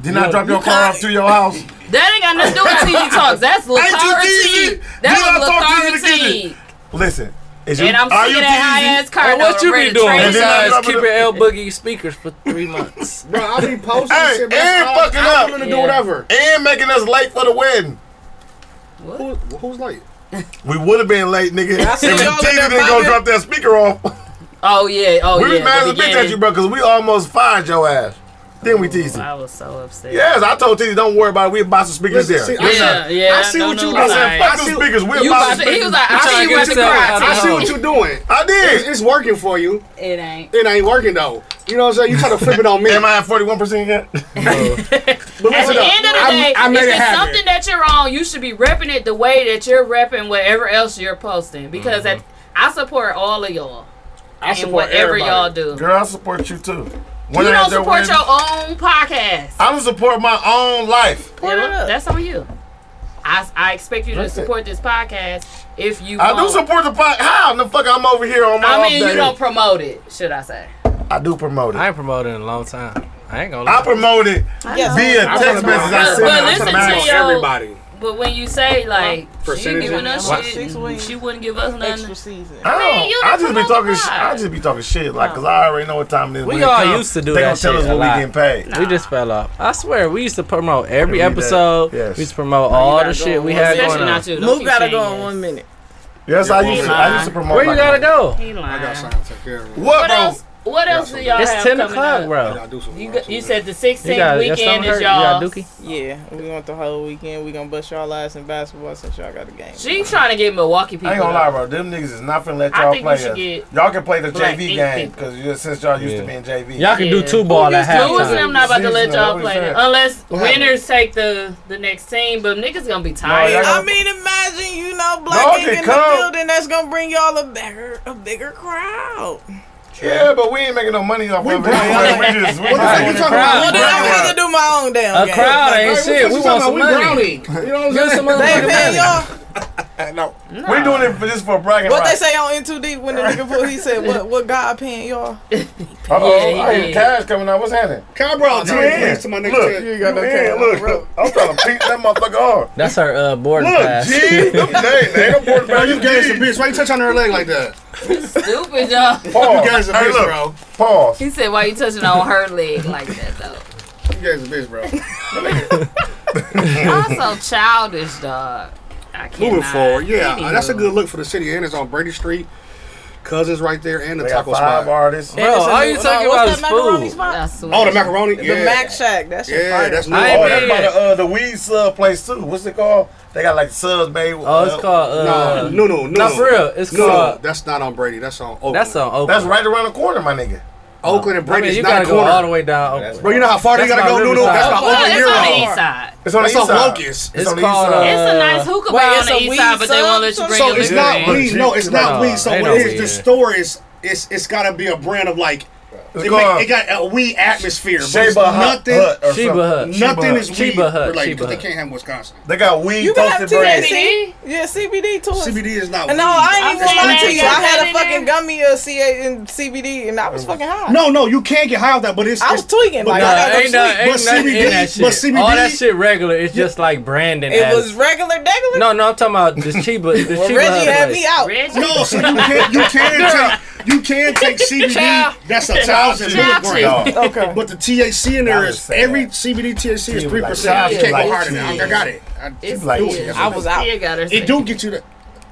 [SPEAKER 4] Did not
[SPEAKER 8] Yo,
[SPEAKER 4] drop your car off to your house.
[SPEAKER 6] that ain't got nothing to do with
[SPEAKER 4] [laughs]
[SPEAKER 6] TV talks. That's
[SPEAKER 4] Ain't you
[SPEAKER 6] lethargy.
[SPEAKER 4] dizzy? Did I
[SPEAKER 6] That
[SPEAKER 4] talk
[SPEAKER 6] was
[SPEAKER 4] to you in the
[SPEAKER 6] lethargy.
[SPEAKER 4] Listen, is you
[SPEAKER 6] And I'm
[SPEAKER 4] are
[SPEAKER 6] sitting
[SPEAKER 4] you
[SPEAKER 6] in that high
[SPEAKER 4] dizzy?
[SPEAKER 6] ass car.
[SPEAKER 8] And what
[SPEAKER 6] note,
[SPEAKER 8] you
[SPEAKER 6] ready
[SPEAKER 8] be
[SPEAKER 6] to
[SPEAKER 8] doing
[SPEAKER 6] train
[SPEAKER 4] And then I
[SPEAKER 8] besides
[SPEAKER 4] drop it
[SPEAKER 8] keeping
[SPEAKER 4] up.
[SPEAKER 8] L Boogie speakers for three months?
[SPEAKER 7] Bro, I be posting
[SPEAKER 4] Hey,
[SPEAKER 7] shit.
[SPEAKER 4] and
[SPEAKER 7] man.
[SPEAKER 4] fucking
[SPEAKER 7] I,
[SPEAKER 4] up.
[SPEAKER 7] I'm gonna do
[SPEAKER 6] Yeah.
[SPEAKER 7] whatever.
[SPEAKER 4] And making us late for the wedding.
[SPEAKER 7] Who, who's late?
[SPEAKER 4] We would have been late, nigga. If
[SPEAKER 9] see y'all in
[SPEAKER 4] Tizzy
[SPEAKER 9] there
[SPEAKER 4] didn't go
[SPEAKER 9] vibing.
[SPEAKER 4] drop that speaker off, [laughs]
[SPEAKER 6] Oh yeah. Oh
[SPEAKER 4] we
[SPEAKER 6] yeah.
[SPEAKER 4] was mad
[SPEAKER 6] the
[SPEAKER 4] as a bitch at
[SPEAKER 6] beginning.
[SPEAKER 4] you, bro, because we almost fired your ass. Then we teased you.
[SPEAKER 6] I was so upset.
[SPEAKER 4] Yes, I told Tizzy, don't worry about it. We about some speakers
[SPEAKER 7] Listen,
[SPEAKER 4] there.
[SPEAKER 7] see,
[SPEAKER 6] Yeah,
[SPEAKER 7] I,
[SPEAKER 6] yeah,
[SPEAKER 7] I see
[SPEAKER 6] I
[SPEAKER 7] what
[SPEAKER 6] don't
[SPEAKER 7] you
[SPEAKER 6] know
[SPEAKER 4] I
[SPEAKER 7] doing.
[SPEAKER 6] why.
[SPEAKER 4] said,
[SPEAKER 7] I
[SPEAKER 4] fuck those
[SPEAKER 7] see-
[SPEAKER 4] speakers. We
[SPEAKER 6] You
[SPEAKER 4] about
[SPEAKER 6] about
[SPEAKER 4] some
[SPEAKER 6] to, he was
[SPEAKER 4] speakers.
[SPEAKER 6] like,
[SPEAKER 8] I'm
[SPEAKER 6] I
[SPEAKER 8] trying
[SPEAKER 6] see
[SPEAKER 8] to
[SPEAKER 6] you
[SPEAKER 8] get
[SPEAKER 6] about to
[SPEAKER 8] yourself
[SPEAKER 6] cry.
[SPEAKER 8] out.
[SPEAKER 6] Tizzy.
[SPEAKER 7] I see what you're doing.
[SPEAKER 4] I
[SPEAKER 7] It's,
[SPEAKER 4] did.
[SPEAKER 7] it's working for you.
[SPEAKER 6] It ain't.
[SPEAKER 7] It ain't working though. You know what I'm saying? You try to flip it
[SPEAKER 4] [laughs]
[SPEAKER 7] on me.
[SPEAKER 4] Am I at 41% yet?
[SPEAKER 7] But
[SPEAKER 6] At
[SPEAKER 7] listen
[SPEAKER 6] the end
[SPEAKER 7] up.
[SPEAKER 6] of the
[SPEAKER 7] I-
[SPEAKER 6] day,
[SPEAKER 7] I made
[SPEAKER 6] if
[SPEAKER 7] it
[SPEAKER 6] it's
[SPEAKER 7] happen.
[SPEAKER 6] something that you're on, you should be repping it the way that you're repping whatever else you're posting. Because at, I support all of y'all
[SPEAKER 7] I
[SPEAKER 6] and
[SPEAKER 7] support
[SPEAKER 6] whatever
[SPEAKER 7] everybody.
[SPEAKER 6] y'all do.
[SPEAKER 4] Girl, I support you too. When
[SPEAKER 6] you
[SPEAKER 4] I
[SPEAKER 6] don't
[SPEAKER 4] had that
[SPEAKER 6] support
[SPEAKER 4] wedding,
[SPEAKER 6] your own podcast.
[SPEAKER 4] I don't support my own life.
[SPEAKER 9] Put it
[SPEAKER 6] Yeah,
[SPEAKER 9] up.
[SPEAKER 6] that's on you. I, I expect you to
[SPEAKER 4] Listen.
[SPEAKER 6] support this podcast if you.
[SPEAKER 4] I do
[SPEAKER 6] won't.
[SPEAKER 4] support the podcast. How in the fuck I'm over here on my
[SPEAKER 6] I
[SPEAKER 4] off
[SPEAKER 6] mean, you
[SPEAKER 4] day?
[SPEAKER 6] don't promote it, should I say?
[SPEAKER 4] I do promote it.
[SPEAKER 8] I
[SPEAKER 4] I,
[SPEAKER 8] ain't promoted in a long time. I ain't gonna. Lie.
[SPEAKER 4] I promote it
[SPEAKER 9] Yes.
[SPEAKER 4] via
[SPEAKER 7] I'm
[SPEAKER 4] text
[SPEAKER 7] talking about-
[SPEAKER 4] messages. I
[SPEAKER 6] But-
[SPEAKER 4] send
[SPEAKER 6] but
[SPEAKER 4] it
[SPEAKER 6] listen
[SPEAKER 4] to
[SPEAKER 6] to
[SPEAKER 4] Max.
[SPEAKER 6] your-
[SPEAKER 7] everybody.
[SPEAKER 6] But when you say like she
[SPEAKER 7] Percentage
[SPEAKER 6] giving us
[SPEAKER 9] What?
[SPEAKER 6] shit,
[SPEAKER 9] Six wings.
[SPEAKER 6] she wouldn't give us
[SPEAKER 9] Extra
[SPEAKER 6] nothing.
[SPEAKER 9] season.
[SPEAKER 4] I, don't,
[SPEAKER 6] mean, you
[SPEAKER 4] I
[SPEAKER 6] don't
[SPEAKER 4] just be
[SPEAKER 6] promote
[SPEAKER 4] talking.
[SPEAKER 6] the
[SPEAKER 4] Sh-
[SPEAKER 6] pod.
[SPEAKER 4] I just be talking shit, like, cause I already know what time it is.
[SPEAKER 8] We
[SPEAKER 4] When it
[SPEAKER 8] all
[SPEAKER 4] comes,
[SPEAKER 8] used to do
[SPEAKER 4] they
[SPEAKER 8] that
[SPEAKER 4] gonna tell
[SPEAKER 8] shit
[SPEAKER 4] us
[SPEAKER 8] a
[SPEAKER 4] what
[SPEAKER 8] lot.
[SPEAKER 4] we getting paid.
[SPEAKER 8] We just fell off. I swear, we used to promote every
[SPEAKER 4] Every day.
[SPEAKER 8] episode.
[SPEAKER 4] Yes.
[SPEAKER 8] We used to promote all the
[SPEAKER 9] gotta go
[SPEAKER 8] shit we
[SPEAKER 9] on
[SPEAKER 8] had uh,
[SPEAKER 6] Especially
[SPEAKER 8] going on.
[SPEAKER 6] not you. Don't
[SPEAKER 9] Move
[SPEAKER 6] keep
[SPEAKER 9] gotta
[SPEAKER 6] saying
[SPEAKER 9] go in
[SPEAKER 6] yes.
[SPEAKER 9] one minute.
[SPEAKER 4] Yes, I used to. I used to
[SPEAKER 6] Yeah.
[SPEAKER 4] promote.
[SPEAKER 8] Where you
[SPEAKER 4] like
[SPEAKER 8] gotta
[SPEAKER 4] that.
[SPEAKER 8] go?
[SPEAKER 6] He lying.
[SPEAKER 7] I got something to take care of.
[SPEAKER 4] What,
[SPEAKER 6] What
[SPEAKER 4] bro?
[SPEAKER 6] else? What else do y'all
[SPEAKER 8] It's
[SPEAKER 6] have
[SPEAKER 8] 10
[SPEAKER 6] coming
[SPEAKER 8] o'clock,
[SPEAKER 6] up?
[SPEAKER 8] bro.
[SPEAKER 6] You, go- you said the 16th
[SPEAKER 8] You got- your stomach
[SPEAKER 6] weekend is
[SPEAKER 8] hurt? You
[SPEAKER 6] y'all.
[SPEAKER 8] got dookie?
[SPEAKER 9] Yeah, we want the whole weekend. We gonna bust y'all ass in basketball since y'all got a game.
[SPEAKER 6] She trying to get Milwaukee people.
[SPEAKER 4] I ain't gonna lie,
[SPEAKER 6] though.
[SPEAKER 4] bro. Them niggas is not finna let
[SPEAKER 6] I
[SPEAKER 4] y'all
[SPEAKER 6] think we
[SPEAKER 4] play
[SPEAKER 6] should
[SPEAKER 4] us.
[SPEAKER 6] get
[SPEAKER 4] Y'all can play the
[SPEAKER 6] black
[SPEAKER 4] JV
[SPEAKER 6] ink
[SPEAKER 4] game because since y'all used to be in JV,
[SPEAKER 8] Y'all can do two ball at halftime.
[SPEAKER 6] Lewis and them not about to let
[SPEAKER 4] Seasonal,
[SPEAKER 6] y'all
[SPEAKER 4] what
[SPEAKER 6] play
[SPEAKER 4] is
[SPEAKER 6] it.
[SPEAKER 4] that?
[SPEAKER 6] unless
[SPEAKER 4] What happened?
[SPEAKER 6] winners take the the next team. But niggas gonna be
[SPEAKER 4] y'all
[SPEAKER 6] tired.
[SPEAKER 4] gonna- I
[SPEAKER 9] mean, imagine you know
[SPEAKER 4] Y'all
[SPEAKER 9] black ink
[SPEAKER 4] can
[SPEAKER 9] in
[SPEAKER 4] come.
[SPEAKER 9] the building. That's gonna bring y'all a bigger, a bigger crowd.
[SPEAKER 4] Yeah, but we ain't making no money off of it. [laughs]
[SPEAKER 9] broke.
[SPEAKER 4] We
[SPEAKER 7] [laughs]
[SPEAKER 4] just, we
[SPEAKER 9] What the
[SPEAKER 4] just-
[SPEAKER 9] fuck you talking about? Well, then I'd rather do my own damn
[SPEAKER 4] A
[SPEAKER 9] game.
[SPEAKER 4] crowd ain't
[SPEAKER 9] Like,
[SPEAKER 4] shit.
[SPEAKER 9] what you
[SPEAKER 4] We
[SPEAKER 9] talking
[SPEAKER 4] want
[SPEAKER 9] about?
[SPEAKER 4] some
[SPEAKER 9] We
[SPEAKER 4] money.
[SPEAKER 9] browning.
[SPEAKER 4] You know what I'm
[SPEAKER 9] Give us
[SPEAKER 4] saying?
[SPEAKER 9] some motherfucking
[SPEAKER 4] They pay
[SPEAKER 9] money.
[SPEAKER 4] no. we doing it for this for bragging
[SPEAKER 9] What they
[SPEAKER 4] rights.
[SPEAKER 9] say on N two D when the nigga put he said what what God paying y'all?
[SPEAKER 4] Uh oh,
[SPEAKER 9] Yeah,
[SPEAKER 4] I hear
[SPEAKER 9] yeah.
[SPEAKER 4] Cash coming out. What's happening?
[SPEAKER 7] Kyle brought
[SPEAKER 4] You
[SPEAKER 7] 20
[SPEAKER 4] in.
[SPEAKER 7] points to my nigga
[SPEAKER 4] Look,
[SPEAKER 7] Ted.
[SPEAKER 4] you
[SPEAKER 7] You
[SPEAKER 4] ain't
[SPEAKER 7] ain't
[SPEAKER 4] got
[SPEAKER 7] got
[SPEAKER 4] no
[SPEAKER 7] no
[SPEAKER 4] in, look, look, I'm trying to pick that motherfucker
[SPEAKER 8] [laughs]
[SPEAKER 4] hard.
[SPEAKER 8] That's our uh, boarding
[SPEAKER 4] Look,
[SPEAKER 8] pass.
[SPEAKER 4] G,
[SPEAKER 7] [laughs]
[SPEAKER 4] them, they, they ain't no boarding pass.
[SPEAKER 7] You gave some bitch. Why you touch on her leg like that?
[SPEAKER 6] Stupid y'all.
[SPEAKER 4] Pause.
[SPEAKER 7] You guys a
[SPEAKER 4] Oh, hey,
[SPEAKER 7] bitch,
[SPEAKER 4] look.
[SPEAKER 7] bro.
[SPEAKER 4] Pause.
[SPEAKER 6] He said, "Why you touching on her leg like that though?"
[SPEAKER 7] You guys a bitch, bro.
[SPEAKER 6] Also childish, dog. I can't.
[SPEAKER 7] Moving forward, yeah, uh, that's a good look for the city, and it's on Brady Street. Cousins right there, and the
[SPEAKER 4] They got
[SPEAKER 7] taco
[SPEAKER 4] five
[SPEAKER 7] spot.
[SPEAKER 4] artists.
[SPEAKER 8] Bro, all you
[SPEAKER 9] Uh,
[SPEAKER 8] talking
[SPEAKER 9] what's
[SPEAKER 8] about
[SPEAKER 9] that
[SPEAKER 8] is
[SPEAKER 9] macaroni
[SPEAKER 8] food.
[SPEAKER 9] spot?
[SPEAKER 7] Oh, the macaroni,
[SPEAKER 9] The
[SPEAKER 7] yeah,
[SPEAKER 9] Mac Shack. That shit
[SPEAKER 7] yeah,
[SPEAKER 9] fire.
[SPEAKER 7] that's new.
[SPEAKER 8] I ain't
[SPEAKER 4] Oh,
[SPEAKER 8] been
[SPEAKER 4] that's by
[SPEAKER 8] yet.
[SPEAKER 4] the, uh, the weed sub place too. What's it called? They got like subs made. With,
[SPEAKER 8] Oh, it's
[SPEAKER 4] uh,
[SPEAKER 8] called. Uh,
[SPEAKER 7] no, no, no, no,
[SPEAKER 8] no, for real, it's
[SPEAKER 7] no, no,
[SPEAKER 8] called-
[SPEAKER 7] that's not on Brady. That's on Oakland.
[SPEAKER 8] That's on Oakland.
[SPEAKER 4] That's right around the corner, my nigga.
[SPEAKER 7] Oakland and
[SPEAKER 8] I
[SPEAKER 7] Brady.
[SPEAKER 8] mean,
[SPEAKER 7] is
[SPEAKER 8] you
[SPEAKER 7] not
[SPEAKER 8] gotta
[SPEAKER 7] a
[SPEAKER 8] go
[SPEAKER 7] corner.
[SPEAKER 8] all the way down. Oakland.
[SPEAKER 7] Bro, you know how far they
[SPEAKER 8] That's
[SPEAKER 7] gotta go,
[SPEAKER 8] my
[SPEAKER 7] Nuno?
[SPEAKER 8] Riverside.
[SPEAKER 7] That's
[SPEAKER 8] Oh,
[SPEAKER 7] not
[SPEAKER 6] Well, it's
[SPEAKER 7] Oakland
[SPEAKER 6] on the
[SPEAKER 7] Euro.
[SPEAKER 6] east side.
[SPEAKER 4] It's on
[SPEAKER 7] That's
[SPEAKER 4] the east
[SPEAKER 7] on
[SPEAKER 4] side.
[SPEAKER 7] Locust.
[SPEAKER 8] It's
[SPEAKER 4] It's, on the east
[SPEAKER 8] called,
[SPEAKER 4] side.
[SPEAKER 8] uh,
[SPEAKER 6] It's a nice hookah
[SPEAKER 9] wait,
[SPEAKER 6] bar on
[SPEAKER 9] it's
[SPEAKER 6] the
[SPEAKER 9] a
[SPEAKER 6] east
[SPEAKER 9] weed
[SPEAKER 6] side, but they won't let you
[SPEAKER 9] sub-
[SPEAKER 6] bring
[SPEAKER 7] So
[SPEAKER 6] your
[SPEAKER 7] it's
[SPEAKER 6] liquor
[SPEAKER 7] not
[SPEAKER 6] in.
[SPEAKER 7] weed. No, it's not
[SPEAKER 8] No,
[SPEAKER 7] weed. So
[SPEAKER 8] ain't
[SPEAKER 7] what
[SPEAKER 8] no
[SPEAKER 7] it is, the
[SPEAKER 8] weed.
[SPEAKER 7] store is it's it's gotta be a brand of like
[SPEAKER 4] It's
[SPEAKER 7] it,
[SPEAKER 4] called
[SPEAKER 7] make, it got a weed atmosphere, but
[SPEAKER 4] Shea
[SPEAKER 7] it's
[SPEAKER 4] Butt Hut-
[SPEAKER 7] nothing.
[SPEAKER 4] Hut or
[SPEAKER 8] Sheba
[SPEAKER 4] something.
[SPEAKER 8] Hut.
[SPEAKER 7] Nothing is weed
[SPEAKER 8] Sheba Hut,
[SPEAKER 7] related
[SPEAKER 8] Sheba
[SPEAKER 7] because they
[SPEAKER 8] Hut.
[SPEAKER 7] can't have Wisconsin.
[SPEAKER 4] They got weed
[SPEAKER 9] You can have
[SPEAKER 4] toasted bread.
[SPEAKER 9] THC. Yeah, CBD too.
[SPEAKER 7] CBD is not.
[SPEAKER 9] And no,
[SPEAKER 7] weed.
[SPEAKER 9] I ain't
[SPEAKER 7] I'm
[SPEAKER 9] gonna lie
[SPEAKER 7] just
[SPEAKER 9] to you.
[SPEAKER 7] saying.
[SPEAKER 9] I had a
[SPEAKER 6] Is that in
[SPEAKER 9] fucking
[SPEAKER 6] there?
[SPEAKER 9] gummy of CA and CBD, and I was fucking high.
[SPEAKER 7] Mm. No, no, you can't get high off that, but it's.
[SPEAKER 9] I
[SPEAKER 7] it's-
[SPEAKER 9] was tweaking.
[SPEAKER 7] but
[SPEAKER 9] Like,
[SPEAKER 7] nah,
[SPEAKER 9] I got
[SPEAKER 7] ain't
[SPEAKER 9] no sleep.
[SPEAKER 7] nothing- but CBD but CBD
[SPEAKER 8] All that shit regular. It's just like Brandon.
[SPEAKER 9] It
[SPEAKER 8] has-
[SPEAKER 9] was regular, degular.
[SPEAKER 8] No, no, I'm talking about the Chiba. The
[SPEAKER 9] Well,
[SPEAKER 8] Chiba Hut
[SPEAKER 9] Reggie had
[SPEAKER 8] place.
[SPEAKER 9] me out.
[SPEAKER 6] Reggie,
[SPEAKER 7] No, so you can you
[SPEAKER 9] [laughs]
[SPEAKER 7] can take you can take CBD.
[SPEAKER 6] Child.
[SPEAKER 7] That's a thousand
[SPEAKER 6] Child
[SPEAKER 7] milligrams.
[SPEAKER 9] Okay.
[SPEAKER 7] But the THC in there
[SPEAKER 4] That
[SPEAKER 7] is
[SPEAKER 4] was sad.
[SPEAKER 7] every CBD THC is
[SPEAKER 4] She was
[SPEAKER 7] three
[SPEAKER 4] like,
[SPEAKER 7] percent. You can't
[SPEAKER 4] like,
[SPEAKER 7] go harder than
[SPEAKER 4] she-
[SPEAKER 7] that. I got it. I,
[SPEAKER 6] It's
[SPEAKER 4] like,
[SPEAKER 6] like
[SPEAKER 4] shit,
[SPEAKER 9] I was out.
[SPEAKER 6] Tia got her.
[SPEAKER 7] it do get you that.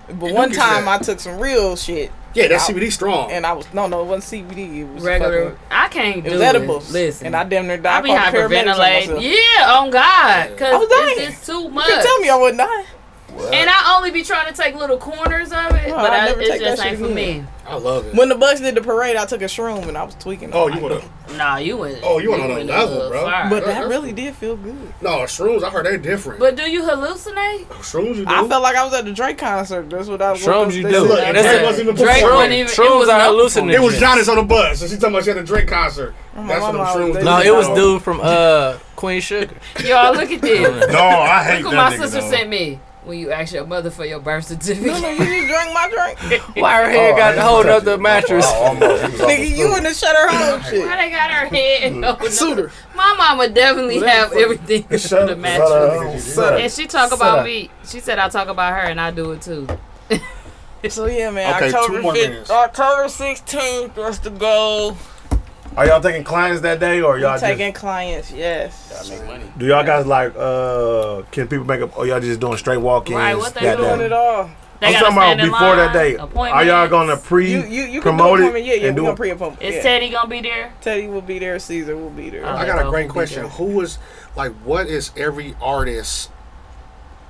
[SPEAKER 9] But one
[SPEAKER 7] do get
[SPEAKER 9] time
[SPEAKER 7] that.
[SPEAKER 9] I took some real shit,
[SPEAKER 7] Yeah, that
[SPEAKER 9] Out.
[SPEAKER 7] CBD strong.
[SPEAKER 9] and I was no, no, it wasn't CBD. It was
[SPEAKER 6] regular.
[SPEAKER 9] fucking-
[SPEAKER 6] I can't do
[SPEAKER 9] It was edibles.
[SPEAKER 6] Listen,
[SPEAKER 9] and I damn near died.
[SPEAKER 6] I be
[SPEAKER 9] called the paramedics on myself.
[SPEAKER 6] hyperventilating. Yeah, on God,
[SPEAKER 9] I
[SPEAKER 6] cause
[SPEAKER 9] was dying.
[SPEAKER 6] it's just too much.
[SPEAKER 9] You can tell me I wasn't dying.
[SPEAKER 6] And I only be trying to take little corners of it,
[SPEAKER 9] No,
[SPEAKER 6] but
[SPEAKER 9] I
[SPEAKER 6] I,
[SPEAKER 9] never
[SPEAKER 6] it
[SPEAKER 9] take
[SPEAKER 6] just
[SPEAKER 9] that
[SPEAKER 6] ain't
[SPEAKER 9] shit
[SPEAKER 6] for me.
[SPEAKER 9] again.
[SPEAKER 7] I love it.
[SPEAKER 9] When the Bucks did the parade, I took a shroom and I was tweaking.
[SPEAKER 7] Oh, you want to?
[SPEAKER 6] Nah, you went.
[SPEAKER 7] Oh, you went on a
[SPEAKER 6] went
[SPEAKER 7] level,
[SPEAKER 6] little
[SPEAKER 7] bro.
[SPEAKER 6] far.
[SPEAKER 9] But that
[SPEAKER 7] that's-
[SPEAKER 9] really did feel good.
[SPEAKER 7] No, shrooms. I heard they're different.
[SPEAKER 6] But do you hallucinate?
[SPEAKER 7] shrooms, you do.
[SPEAKER 9] I felt like I was at the Drake concert. That's what I was.
[SPEAKER 8] Shrooms you
[SPEAKER 9] they
[SPEAKER 8] do.
[SPEAKER 9] said
[SPEAKER 7] Look,
[SPEAKER 9] I
[SPEAKER 7] and
[SPEAKER 9] was-
[SPEAKER 7] that's
[SPEAKER 8] That's
[SPEAKER 7] it wasn't even
[SPEAKER 6] Drake
[SPEAKER 7] performed.
[SPEAKER 6] wasn't even.
[SPEAKER 8] Shrooms
[SPEAKER 6] it
[SPEAKER 8] are
[SPEAKER 6] was no-
[SPEAKER 8] hallucinations.
[SPEAKER 7] It was Johnny's on the bus, and she talking about she had a Drake concert.
[SPEAKER 9] my
[SPEAKER 7] That's what them
[SPEAKER 9] mama always
[SPEAKER 7] shrooms.
[SPEAKER 9] did.
[SPEAKER 8] No,
[SPEAKER 7] do.
[SPEAKER 8] it was dude from uh Queen Sugar.
[SPEAKER 6] Y'all look at this.
[SPEAKER 4] No, I hate
[SPEAKER 6] Look what my
[SPEAKER 4] that nigga.
[SPEAKER 6] sister
[SPEAKER 4] though.
[SPEAKER 6] sent me. When you ask your mother for your birth
[SPEAKER 9] No, no,
[SPEAKER 6] certificate,
[SPEAKER 9] you just drank my drink.
[SPEAKER 8] Why her
[SPEAKER 4] Oh,
[SPEAKER 8] head
[SPEAKER 4] I
[SPEAKER 8] got
[SPEAKER 4] hate
[SPEAKER 8] the hold
[SPEAKER 4] that
[SPEAKER 8] up the
[SPEAKER 4] nigga.
[SPEAKER 8] mattress?
[SPEAKER 4] Oh, almost. He was off the
[SPEAKER 9] Nigga, you
[SPEAKER 4] stool.
[SPEAKER 9] in the shut
[SPEAKER 7] [clears throat]
[SPEAKER 9] her home shit.
[SPEAKER 6] why they got her head? No, no.
[SPEAKER 9] Suitor.
[SPEAKER 6] My mama definitely have everything in [laughs] [laughs]
[SPEAKER 4] Shut
[SPEAKER 6] the
[SPEAKER 4] up,
[SPEAKER 6] mattress.
[SPEAKER 4] shut up.
[SPEAKER 6] And she talk
[SPEAKER 4] Shut
[SPEAKER 6] about
[SPEAKER 4] up.
[SPEAKER 6] me. She said I talk about her, and I do it too.
[SPEAKER 9] So yeah, man.
[SPEAKER 7] Okay, two
[SPEAKER 9] October
[SPEAKER 7] more
[SPEAKER 9] 5th,
[SPEAKER 7] minutes.
[SPEAKER 9] October sixteenth. That's the goal.
[SPEAKER 4] Are y'all taking clients that day, or y'all just
[SPEAKER 9] Taking clients, yes.
[SPEAKER 4] do y'all guys like? uh Can people make up? Or y'all just doing straight walk-ins
[SPEAKER 6] Right, what they
[SPEAKER 4] that
[SPEAKER 6] doing
[SPEAKER 9] Doing
[SPEAKER 4] day?
[SPEAKER 9] it all.
[SPEAKER 6] They
[SPEAKER 4] I'm
[SPEAKER 6] gotta
[SPEAKER 4] talking about
[SPEAKER 6] stand in
[SPEAKER 4] before
[SPEAKER 6] line,
[SPEAKER 4] that day. Are y'all
[SPEAKER 6] appointments.
[SPEAKER 4] gonna pre
[SPEAKER 9] You you you can
[SPEAKER 4] promote
[SPEAKER 9] do
[SPEAKER 4] it
[SPEAKER 9] appointment. Yeah, yeah.
[SPEAKER 4] and
[SPEAKER 9] We
[SPEAKER 4] do
[SPEAKER 9] gonna
[SPEAKER 4] it?
[SPEAKER 9] pre-appointment.
[SPEAKER 6] Is
[SPEAKER 9] Yeah.
[SPEAKER 6] Teddy gonna be there?
[SPEAKER 9] Teddy will be there. Caesar will be there.
[SPEAKER 6] Uh,
[SPEAKER 7] I got
[SPEAKER 6] They
[SPEAKER 7] a great
[SPEAKER 6] both
[SPEAKER 7] question. Who is like what is every artist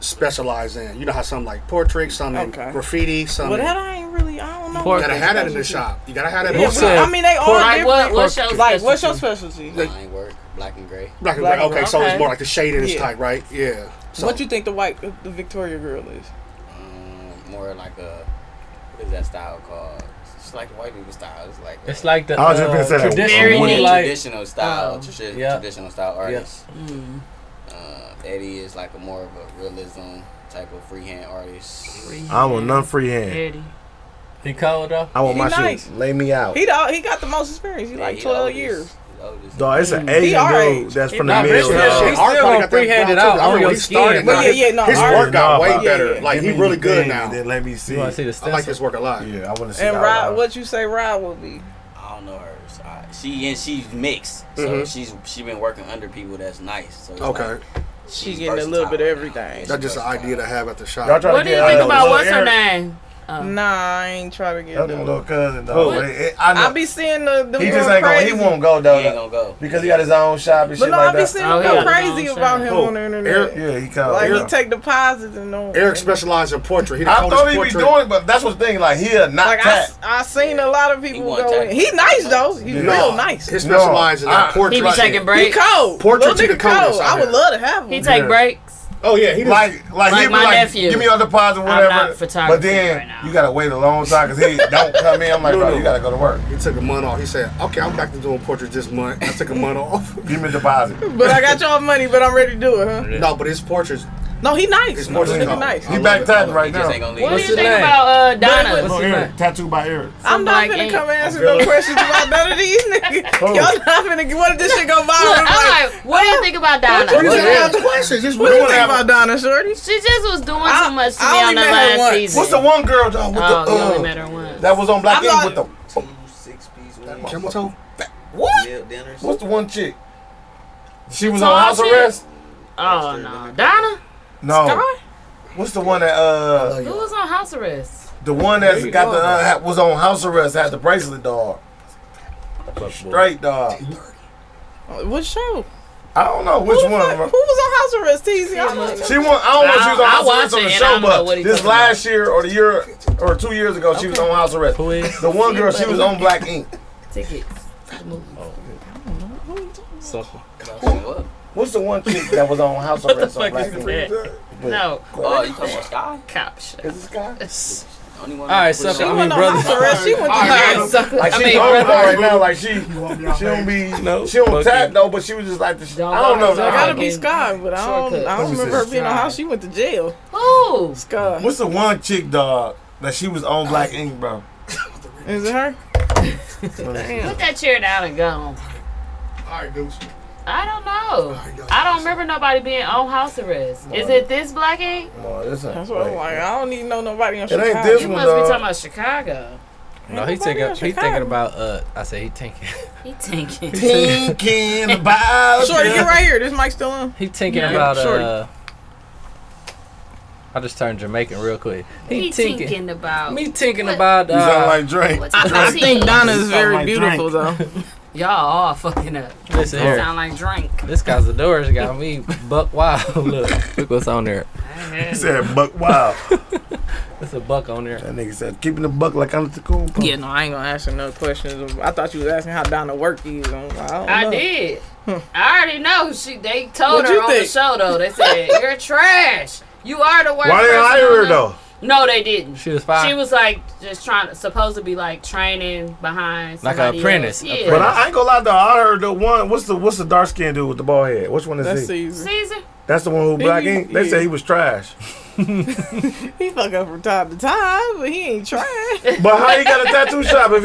[SPEAKER 7] specialized in? You know how some like portrait, some in
[SPEAKER 9] Okay.
[SPEAKER 7] graffiti, some
[SPEAKER 9] Well,
[SPEAKER 7] in-
[SPEAKER 9] that I ain't really. I don't know.
[SPEAKER 8] Pork-
[SPEAKER 7] you gotta
[SPEAKER 9] what
[SPEAKER 7] have that
[SPEAKER 9] they
[SPEAKER 7] in the shop. You gotta have that in
[SPEAKER 9] Yeah,
[SPEAKER 7] the
[SPEAKER 8] Who said-
[SPEAKER 7] shop.
[SPEAKER 9] we- I mean, they all
[SPEAKER 6] Like, what-
[SPEAKER 9] different.
[SPEAKER 6] what's your
[SPEAKER 9] like, what's your specialty?
[SPEAKER 10] Mine work. Black and gray.
[SPEAKER 7] Black and
[SPEAKER 9] Black
[SPEAKER 7] white. Okay,
[SPEAKER 9] and
[SPEAKER 7] so
[SPEAKER 6] okay.
[SPEAKER 7] it's more like the shade in its
[SPEAKER 9] Yeah.
[SPEAKER 7] type, right? Yeah. So
[SPEAKER 9] what you think the white, the Victoria girl is?
[SPEAKER 10] Um, more like a what is that style called? It's like white people style. It's like a
[SPEAKER 8] It's like the
[SPEAKER 4] I was just gonna say
[SPEAKER 8] uh,
[SPEAKER 4] that.
[SPEAKER 8] traditional,
[SPEAKER 6] Very
[SPEAKER 8] like
[SPEAKER 10] traditional style.
[SPEAKER 9] Um,
[SPEAKER 6] Oh,
[SPEAKER 10] tradi-
[SPEAKER 8] yeah.
[SPEAKER 10] Traditional style artist. Uh, Eddie is like a more of a realism type of freehand artist.
[SPEAKER 4] I want none freehand.
[SPEAKER 6] Teddy.
[SPEAKER 8] he cold though.
[SPEAKER 4] I want
[SPEAKER 9] He
[SPEAKER 4] my
[SPEAKER 9] nice.
[SPEAKER 4] shit. Lay me out.
[SPEAKER 9] He the, he got the most experience. He
[SPEAKER 10] Yeah,
[SPEAKER 9] like
[SPEAKER 10] he
[SPEAKER 9] twelve
[SPEAKER 10] oldest-
[SPEAKER 9] years.
[SPEAKER 10] he oldest.
[SPEAKER 4] Dog, it's
[SPEAKER 6] Mm-hmm.
[SPEAKER 4] an
[SPEAKER 9] He
[SPEAKER 4] Asian
[SPEAKER 9] our
[SPEAKER 4] dude
[SPEAKER 9] age.
[SPEAKER 4] that's from the
[SPEAKER 8] Nah,
[SPEAKER 4] mill.
[SPEAKER 8] Richard,
[SPEAKER 4] dog.
[SPEAKER 8] shit, he
[SPEAKER 7] Art
[SPEAKER 8] still
[SPEAKER 7] probably
[SPEAKER 8] gonna
[SPEAKER 7] got that
[SPEAKER 8] freehand
[SPEAKER 7] down,
[SPEAKER 8] it out
[SPEAKER 7] too. I
[SPEAKER 8] on
[SPEAKER 7] remember
[SPEAKER 8] your
[SPEAKER 7] he started,
[SPEAKER 8] skin.
[SPEAKER 7] man.
[SPEAKER 9] But yeah, yeah, no.
[SPEAKER 7] his
[SPEAKER 9] Art-
[SPEAKER 7] work got way
[SPEAKER 4] Yeah, yeah,
[SPEAKER 7] better.
[SPEAKER 9] yeah.
[SPEAKER 7] Like
[SPEAKER 4] Give
[SPEAKER 7] he
[SPEAKER 4] me
[SPEAKER 7] really
[SPEAKER 4] the
[SPEAKER 7] good
[SPEAKER 4] thing,
[SPEAKER 7] now.
[SPEAKER 4] Then let me see.
[SPEAKER 8] You want to see the stencil?
[SPEAKER 7] I like his work a lot.
[SPEAKER 4] Yeah, I want to see.
[SPEAKER 9] and
[SPEAKER 4] how-
[SPEAKER 9] Rod, what you say Rod will be?
[SPEAKER 10] I don't know hers. I, she and she's mixed, so
[SPEAKER 8] Mm-hmm.
[SPEAKER 7] Mhm.
[SPEAKER 10] she's she been working under people that's nice. So it's
[SPEAKER 7] Okay,
[SPEAKER 10] like,
[SPEAKER 9] She
[SPEAKER 10] she's
[SPEAKER 9] getting a little
[SPEAKER 10] versatile
[SPEAKER 9] bit of
[SPEAKER 10] right now.
[SPEAKER 9] everything.
[SPEAKER 10] She's
[SPEAKER 7] that's just an
[SPEAKER 10] versatile.
[SPEAKER 7] idea to have at the shop.
[SPEAKER 4] Y'all try
[SPEAKER 6] What
[SPEAKER 4] to
[SPEAKER 6] do you
[SPEAKER 4] get,
[SPEAKER 6] think
[SPEAKER 4] uh,
[SPEAKER 6] about
[SPEAKER 4] Lil
[SPEAKER 6] what's her
[SPEAKER 4] Eric-
[SPEAKER 6] name?
[SPEAKER 9] Nah, I ain't trying to get.
[SPEAKER 4] That's my little cousin, though.
[SPEAKER 9] What?
[SPEAKER 4] It- it- I know.
[SPEAKER 9] be seeing the. the
[SPEAKER 4] He just ain't gonna. He won't go though.
[SPEAKER 9] He ain't
[SPEAKER 4] gonna go because he got his own shop and
[SPEAKER 9] But
[SPEAKER 4] shit
[SPEAKER 9] no, I
[SPEAKER 4] like
[SPEAKER 9] be
[SPEAKER 4] that.
[SPEAKER 9] seeing him go crazy about him on the internet.
[SPEAKER 4] Oh, yeah, he kind
[SPEAKER 9] Like
[SPEAKER 4] of.
[SPEAKER 9] he take deposits and all.
[SPEAKER 7] Eric specializes in portrait. He the
[SPEAKER 4] I
[SPEAKER 7] coldest
[SPEAKER 4] thought he be
[SPEAKER 7] portrait.
[SPEAKER 4] doing it, but that's what's the thing. Like he'll not
[SPEAKER 9] Like I,
[SPEAKER 4] tap.
[SPEAKER 9] s- I seen a lot of people
[SPEAKER 4] won't
[SPEAKER 9] go.
[SPEAKER 4] take
[SPEAKER 9] In. He nice though. He
[SPEAKER 4] Yeah.
[SPEAKER 9] real
[SPEAKER 4] No,
[SPEAKER 9] nice.
[SPEAKER 4] he specialize in that No, I- portrait He be taking shit. breaks.
[SPEAKER 9] He cold.
[SPEAKER 4] Portrait
[SPEAKER 9] Little
[SPEAKER 4] to
[SPEAKER 9] nigga
[SPEAKER 4] the coldest
[SPEAKER 9] cold.
[SPEAKER 4] out
[SPEAKER 9] I would
[SPEAKER 4] here.
[SPEAKER 9] love to have him.
[SPEAKER 6] He take
[SPEAKER 4] Yeah.
[SPEAKER 6] breaks.
[SPEAKER 7] Oh yeah,
[SPEAKER 4] he like like,
[SPEAKER 6] Like
[SPEAKER 4] he be
[SPEAKER 6] my
[SPEAKER 4] like,
[SPEAKER 6] nephew.
[SPEAKER 4] give me your deposit,
[SPEAKER 6] I'm
[SPEAKER 4] whatever.
[SPEAKER 6] not
[SPEAKER 4] but
[SPEAKER 6] photography
[SPEAKER 4] then
[SPEAKER 7] right
[SPEAKER 4] you gotta wait a long
[SPEAKER 6] [laughs]
[SPEAKER 4] time because he don't come in. I'm like,
[SPEAKER 7] No,
[SPEAKER 4] bro,
[SPEAKER 7] no.
[SPEAKER 4] you gotta go to work.
[SPEAKER 7] He took a month off. He said, "Okay, I'm back to doing portraits this month. I [laughs] took a month off.
[SPEAKER 4] Give me a deposit."
[SPEAKER 9] But I got y'all money. But I'm ready to do it, huh?
[SPEAKER 7] No, but his portraits.
[SPEAKER 9] No, he nice.
[SPEAKER 7] His portraits.
[SPEAKER 9] He
[SPEAKER 7] cold.
[SPEAKER 9] nice.
[SPEAKER 7] I
[SPEAKER 9] He
[SPEAKER 7] love
[SPEAKER 9] back
[SPEAKER 7] it.
[SPEAKER 4] tatting right
[SPEAKER 7] He just
[SPEAKER 4] now.
[SPEAKER 7] ain't gonna leave.
[SPEAKER 6] What do
[SPEAKER 7] What's
[SPEAKER 6] you
[SPEAKER 7] his
[SPEAKER 6] think
[SPEAKER 7] name?
[SPEAKER 6] about uh, Donna?
[SPEAKER 4] Little Eric, tattooed by Eric.
[SPEAKER 9] I'm not
[SPEAKER 6] Black
[SPEAKER 9] finna
[SPEAKER 6] ink.
[SPEAKER 9] come answer
[SPEAKER 4] I'm
[SPEAKER 9] no
[SPEAKER 4] feeling-
[SPEAKER 9] questions about none of these niggas.
[SPEAKER 4] Oh.
[SPEAKER 9] Y'all not finna. What if this shit go viral?
[SPEAKER 6] Look, I'm like, what do you think about Donna?
[SPEAKER 9] What you
[SPEAKER 6] What
[SPEAKER 9] think
[SPEAKER 6] is-
[SPEAKER 9] about
[SPEAKER 7] questions? Just
[SPEAKER 9] what do you think about Donna, shorty?
[SPEAKER 6] She just was doing too much to
[SPEAKER 9] I
[SPEAKER 6] be
[SPEAKER 9] only
[SPEAKER 6] on the
[SPEAKER 9] met her
[SPEAKER 6] last
[SPEAKER 9] once.
[SPEAKER 6] season.
[SPEAKER 4] What's the one girl dog, with
[SPEAKER 6] Oh,
[SPEAKER 4] the
[SPEAKER 6] you only
[SPEAKER 4] uh,
[SPEAKER 6] met her once.
[SPEAKER 4] that was on Black
[SPEAKER 6] I'm
[SPEAKER 4] Ink
[SPEAKER 6] not-
[SPEAKER 4] with the
[SPEAKER 7] Camel toe.
[SPEAKER 4] What? What's the one chick? She was on
[SPEAKER 6] Tall
[SPEAKER 4] house
[SPEAKER 6] chick?
[SPEAKER 4] arrest.
[SPEAKER 6] Oh no, Donna.
[SPEAKER 4] No. What's the one that uh
[SPEAKER 6] Who was on house arrest?
[SPEAKER 4] the one that
[SPEAKER 6] There you
[SPEAKER 4] got
[SPEAKER 6] go.
[SPEAKER 4] the uh, ha- was on house arrest had the bracelet dog. Straight dog.
[SPEAKER 9] What show?
[SPEAKER 4] I don't know which
[SPEAKER 9] Who the
[SPEAKER 4] one.
[SPEAKER 9] fuck- Who was on House Arrest? TZ. I don't know.
[SPEAKER 4] She went. I don't know if she was on
[SPEAKER 9] I- I
[SPEAKER 4] house
[SPEAKER 9] watch
[SPEAKER 4] arrest on
[SPEAKER 9] it
[SPEAKER 4] the
[SPEAKER 9] and I
[SPEAKER 4] show,
[SPEAKER 9] don't know
[SPEAKER 4] but
[SPEAKER 9] what he
[SPEAKER 4] this
[SPEAKER 9] talking about.
[SPEAKER 4] last year or the year or two years ago, she was on house arrest. The one girl, she was on Black Ink.
[SPEAKER 6] Tickets. to the movie.
[SPEAKER 4] So, what's the one chick that was on house
[SPEAKER 6] What the
[SPEAKER 4] arrest on
[SPEAKER 6] fuck
[SPEAKER 4] Black
[SPEAKER 6] is
[SPEAKER 4] Ink?
[SPEAKER 6] that?
[SPEAKER 4] But-
[SPEAKER 6] No.
[SPEAKER 10] Oh, you talking about Sky?
[SPEAKER 6] Cop shit.
[SPEAKER 4] Is it Sky?
[SPEAKER 10] Only one.
[SPEAKER 8] All right,
[SPEAKER 10] who put
[SPEAKER 8] sucker.
[SPEAKER 10] it
[SPEAKER 8] I
[SPEAKER 10] on.
[SPEAKER 8] mean, brother.
[SPEAKER 9] She went to
[SPEAKER 10] Alright,
[SPEAKER 9] sucker.
[SPEAKER 4] Like
[SPEAKER 10] I
[SPEAKER 4] she
[SPEAKER 10] mean,
[SPEAKER 4] on
[SPEAKER 10] brother.
[SPEAKER 4] right now, like she she don't be she don't tap though, but she was just like the, I don't know.
[SPEAKER 9] I gotta be Sky, but I don't.
[SPEAKER 4] Shortcut.
[SPEAKER 9] I don't remember her being on house. She went to jail.
[SPEAKER 6] Who?
[SPEAKER 9] Sky.
[SPEAKER 4] What's the one chick dog that she was on Black Ink, bro?
[SPEAKER 9] Is it her?
[SPEAKER 6] Put that chair down and go.
[SPEAKER 7] All right, Goose.
[SPEAKER 6] I don't know. I don't remember nobody being on house arrest. Is it this black ink?
[SPEAKER 4] No, this ain't
[SPEAKER 9] That's what I'm
[SPEAKER 4] Black
[SPEAKER 9] like.
[SPEAKER 4] Ink.
[SPEAKER 9] I don't even know nobody in
[SPEAKER 4] It ain't
[SPEAKER 9] Chicago.
[SPEAKER 4] this
[SPEAKER 6] You
[SPEAKER 4] one, uh,
[SPEAKER 6] must be
[SPEAKER 4] dog.
[SPEAKER 6] talking about Chicago.
[SPEAKER 8] No, he thinking. He thinking about. Uh, I said he thinking. [laughs]
[SPEAKER 6] He tanking.
[SPEAKER 4] Thinking about
[SPEAKER 9] Shorty,
[SPEAKER 8] you.
[SPEAKER 9] get right here. This mic still on.
[SPEAKER 8] He thinking
[SPEAKER 9] Yeah,
[SPEAKER 8] about.
[SPEAKER 9] shorty.
[SPEAKER 8] Uh, I just turned Jamaican real quick. He,
[SPEAKER 6] He
[SPEAKER 8] thinking.
[SPEAKER 6] thinking about.
[SPEAKER 8] Me thinking about. Uh,
[SPEAKER 4] You sound like Drake.
[SPEAKER 6] What's
[SPEAKER 9] I, I think Donna is very
[SPEAKER 8] like
[SPEAKER 9] beautiful, though.
[SPEAKER 6] Y'all are fucking up.
[SPEAKER 8] Listen
[SPEAKER 6] Listen,
[SPEAKER 8] here.
[SPEAKER 6] sound like drink.
[SPEAKER 8] This Cazadores got me buck wild.
[SPEAKER 4] [laughs]
[SPEAKER 8] Look, look what's on there.
[SPEAKER 4] He said buck wow.
[SPEAKER 8] It's a buck on there.
[SPEAKER 4] That nigga said keeping the buck like I'm the cool.
[SPEAKER 9] Yeah, no, I ain't gonna ask her no questions. I thought you was asking how Donna work is. I'm like, I, don't
[SPEAKER 6] I
[SPEAKER 9] know.
[SPEAKER 6] did. I already know. She they told
[SPEAKER 9] Hmm. What'd
[SPEAKER 6] her
[SPEAKER 9] you
[SPEAKER 6] on the
[SPEAKER 9] think?
[SPEAKER 6] show though. They
[SPEAKER 9] [laughs]
[SPEAKER 6] said you're trash. You are the worst.
[SPEAKER 4] Why they
[SPEAKER 6] person
[SPEAKER 4] hire
[SPEAKER 6] on
[SPEAKER 4] her
[SPEAKER 6] the-"
[SPEAKER 4] though?
[SPEAKER 6] No, they didn't. She
[SPEAKER 8] was fine.
[SPEAKER 6] She was like just trying to supposed to be like training behind
[SPEAKER 8] Like a
[SPEAKER 6] somebody
[SPEAKER 8] apprentice,
[SPEAKER 6] else. Yeah.
[SPEAKER 4] But I, I ain't gonna lie though. I heard the one. What's the what's the dark skinned dude with the bald head? Which one is
[SPEAKER 9] That's
[SPEAKER 4] he?
[SPEAKER 9] Caesar.
[SPEAKER 6] Caesar.
[SPEAKER 4] That's the one who
[SPEAKER 9] He-
[SPEAKER 4] black ink. They
[SPEAKER 9] yeah.
[SPEAKER 4] said he was trash.
[SPEAKER 9] He fuck up from time to time, but he ain't trying.
[SPEAKER 4] [laughs] But how he got a
[SPEAKER 9] [laughs]
[SPEAKER 4] tattoo shop if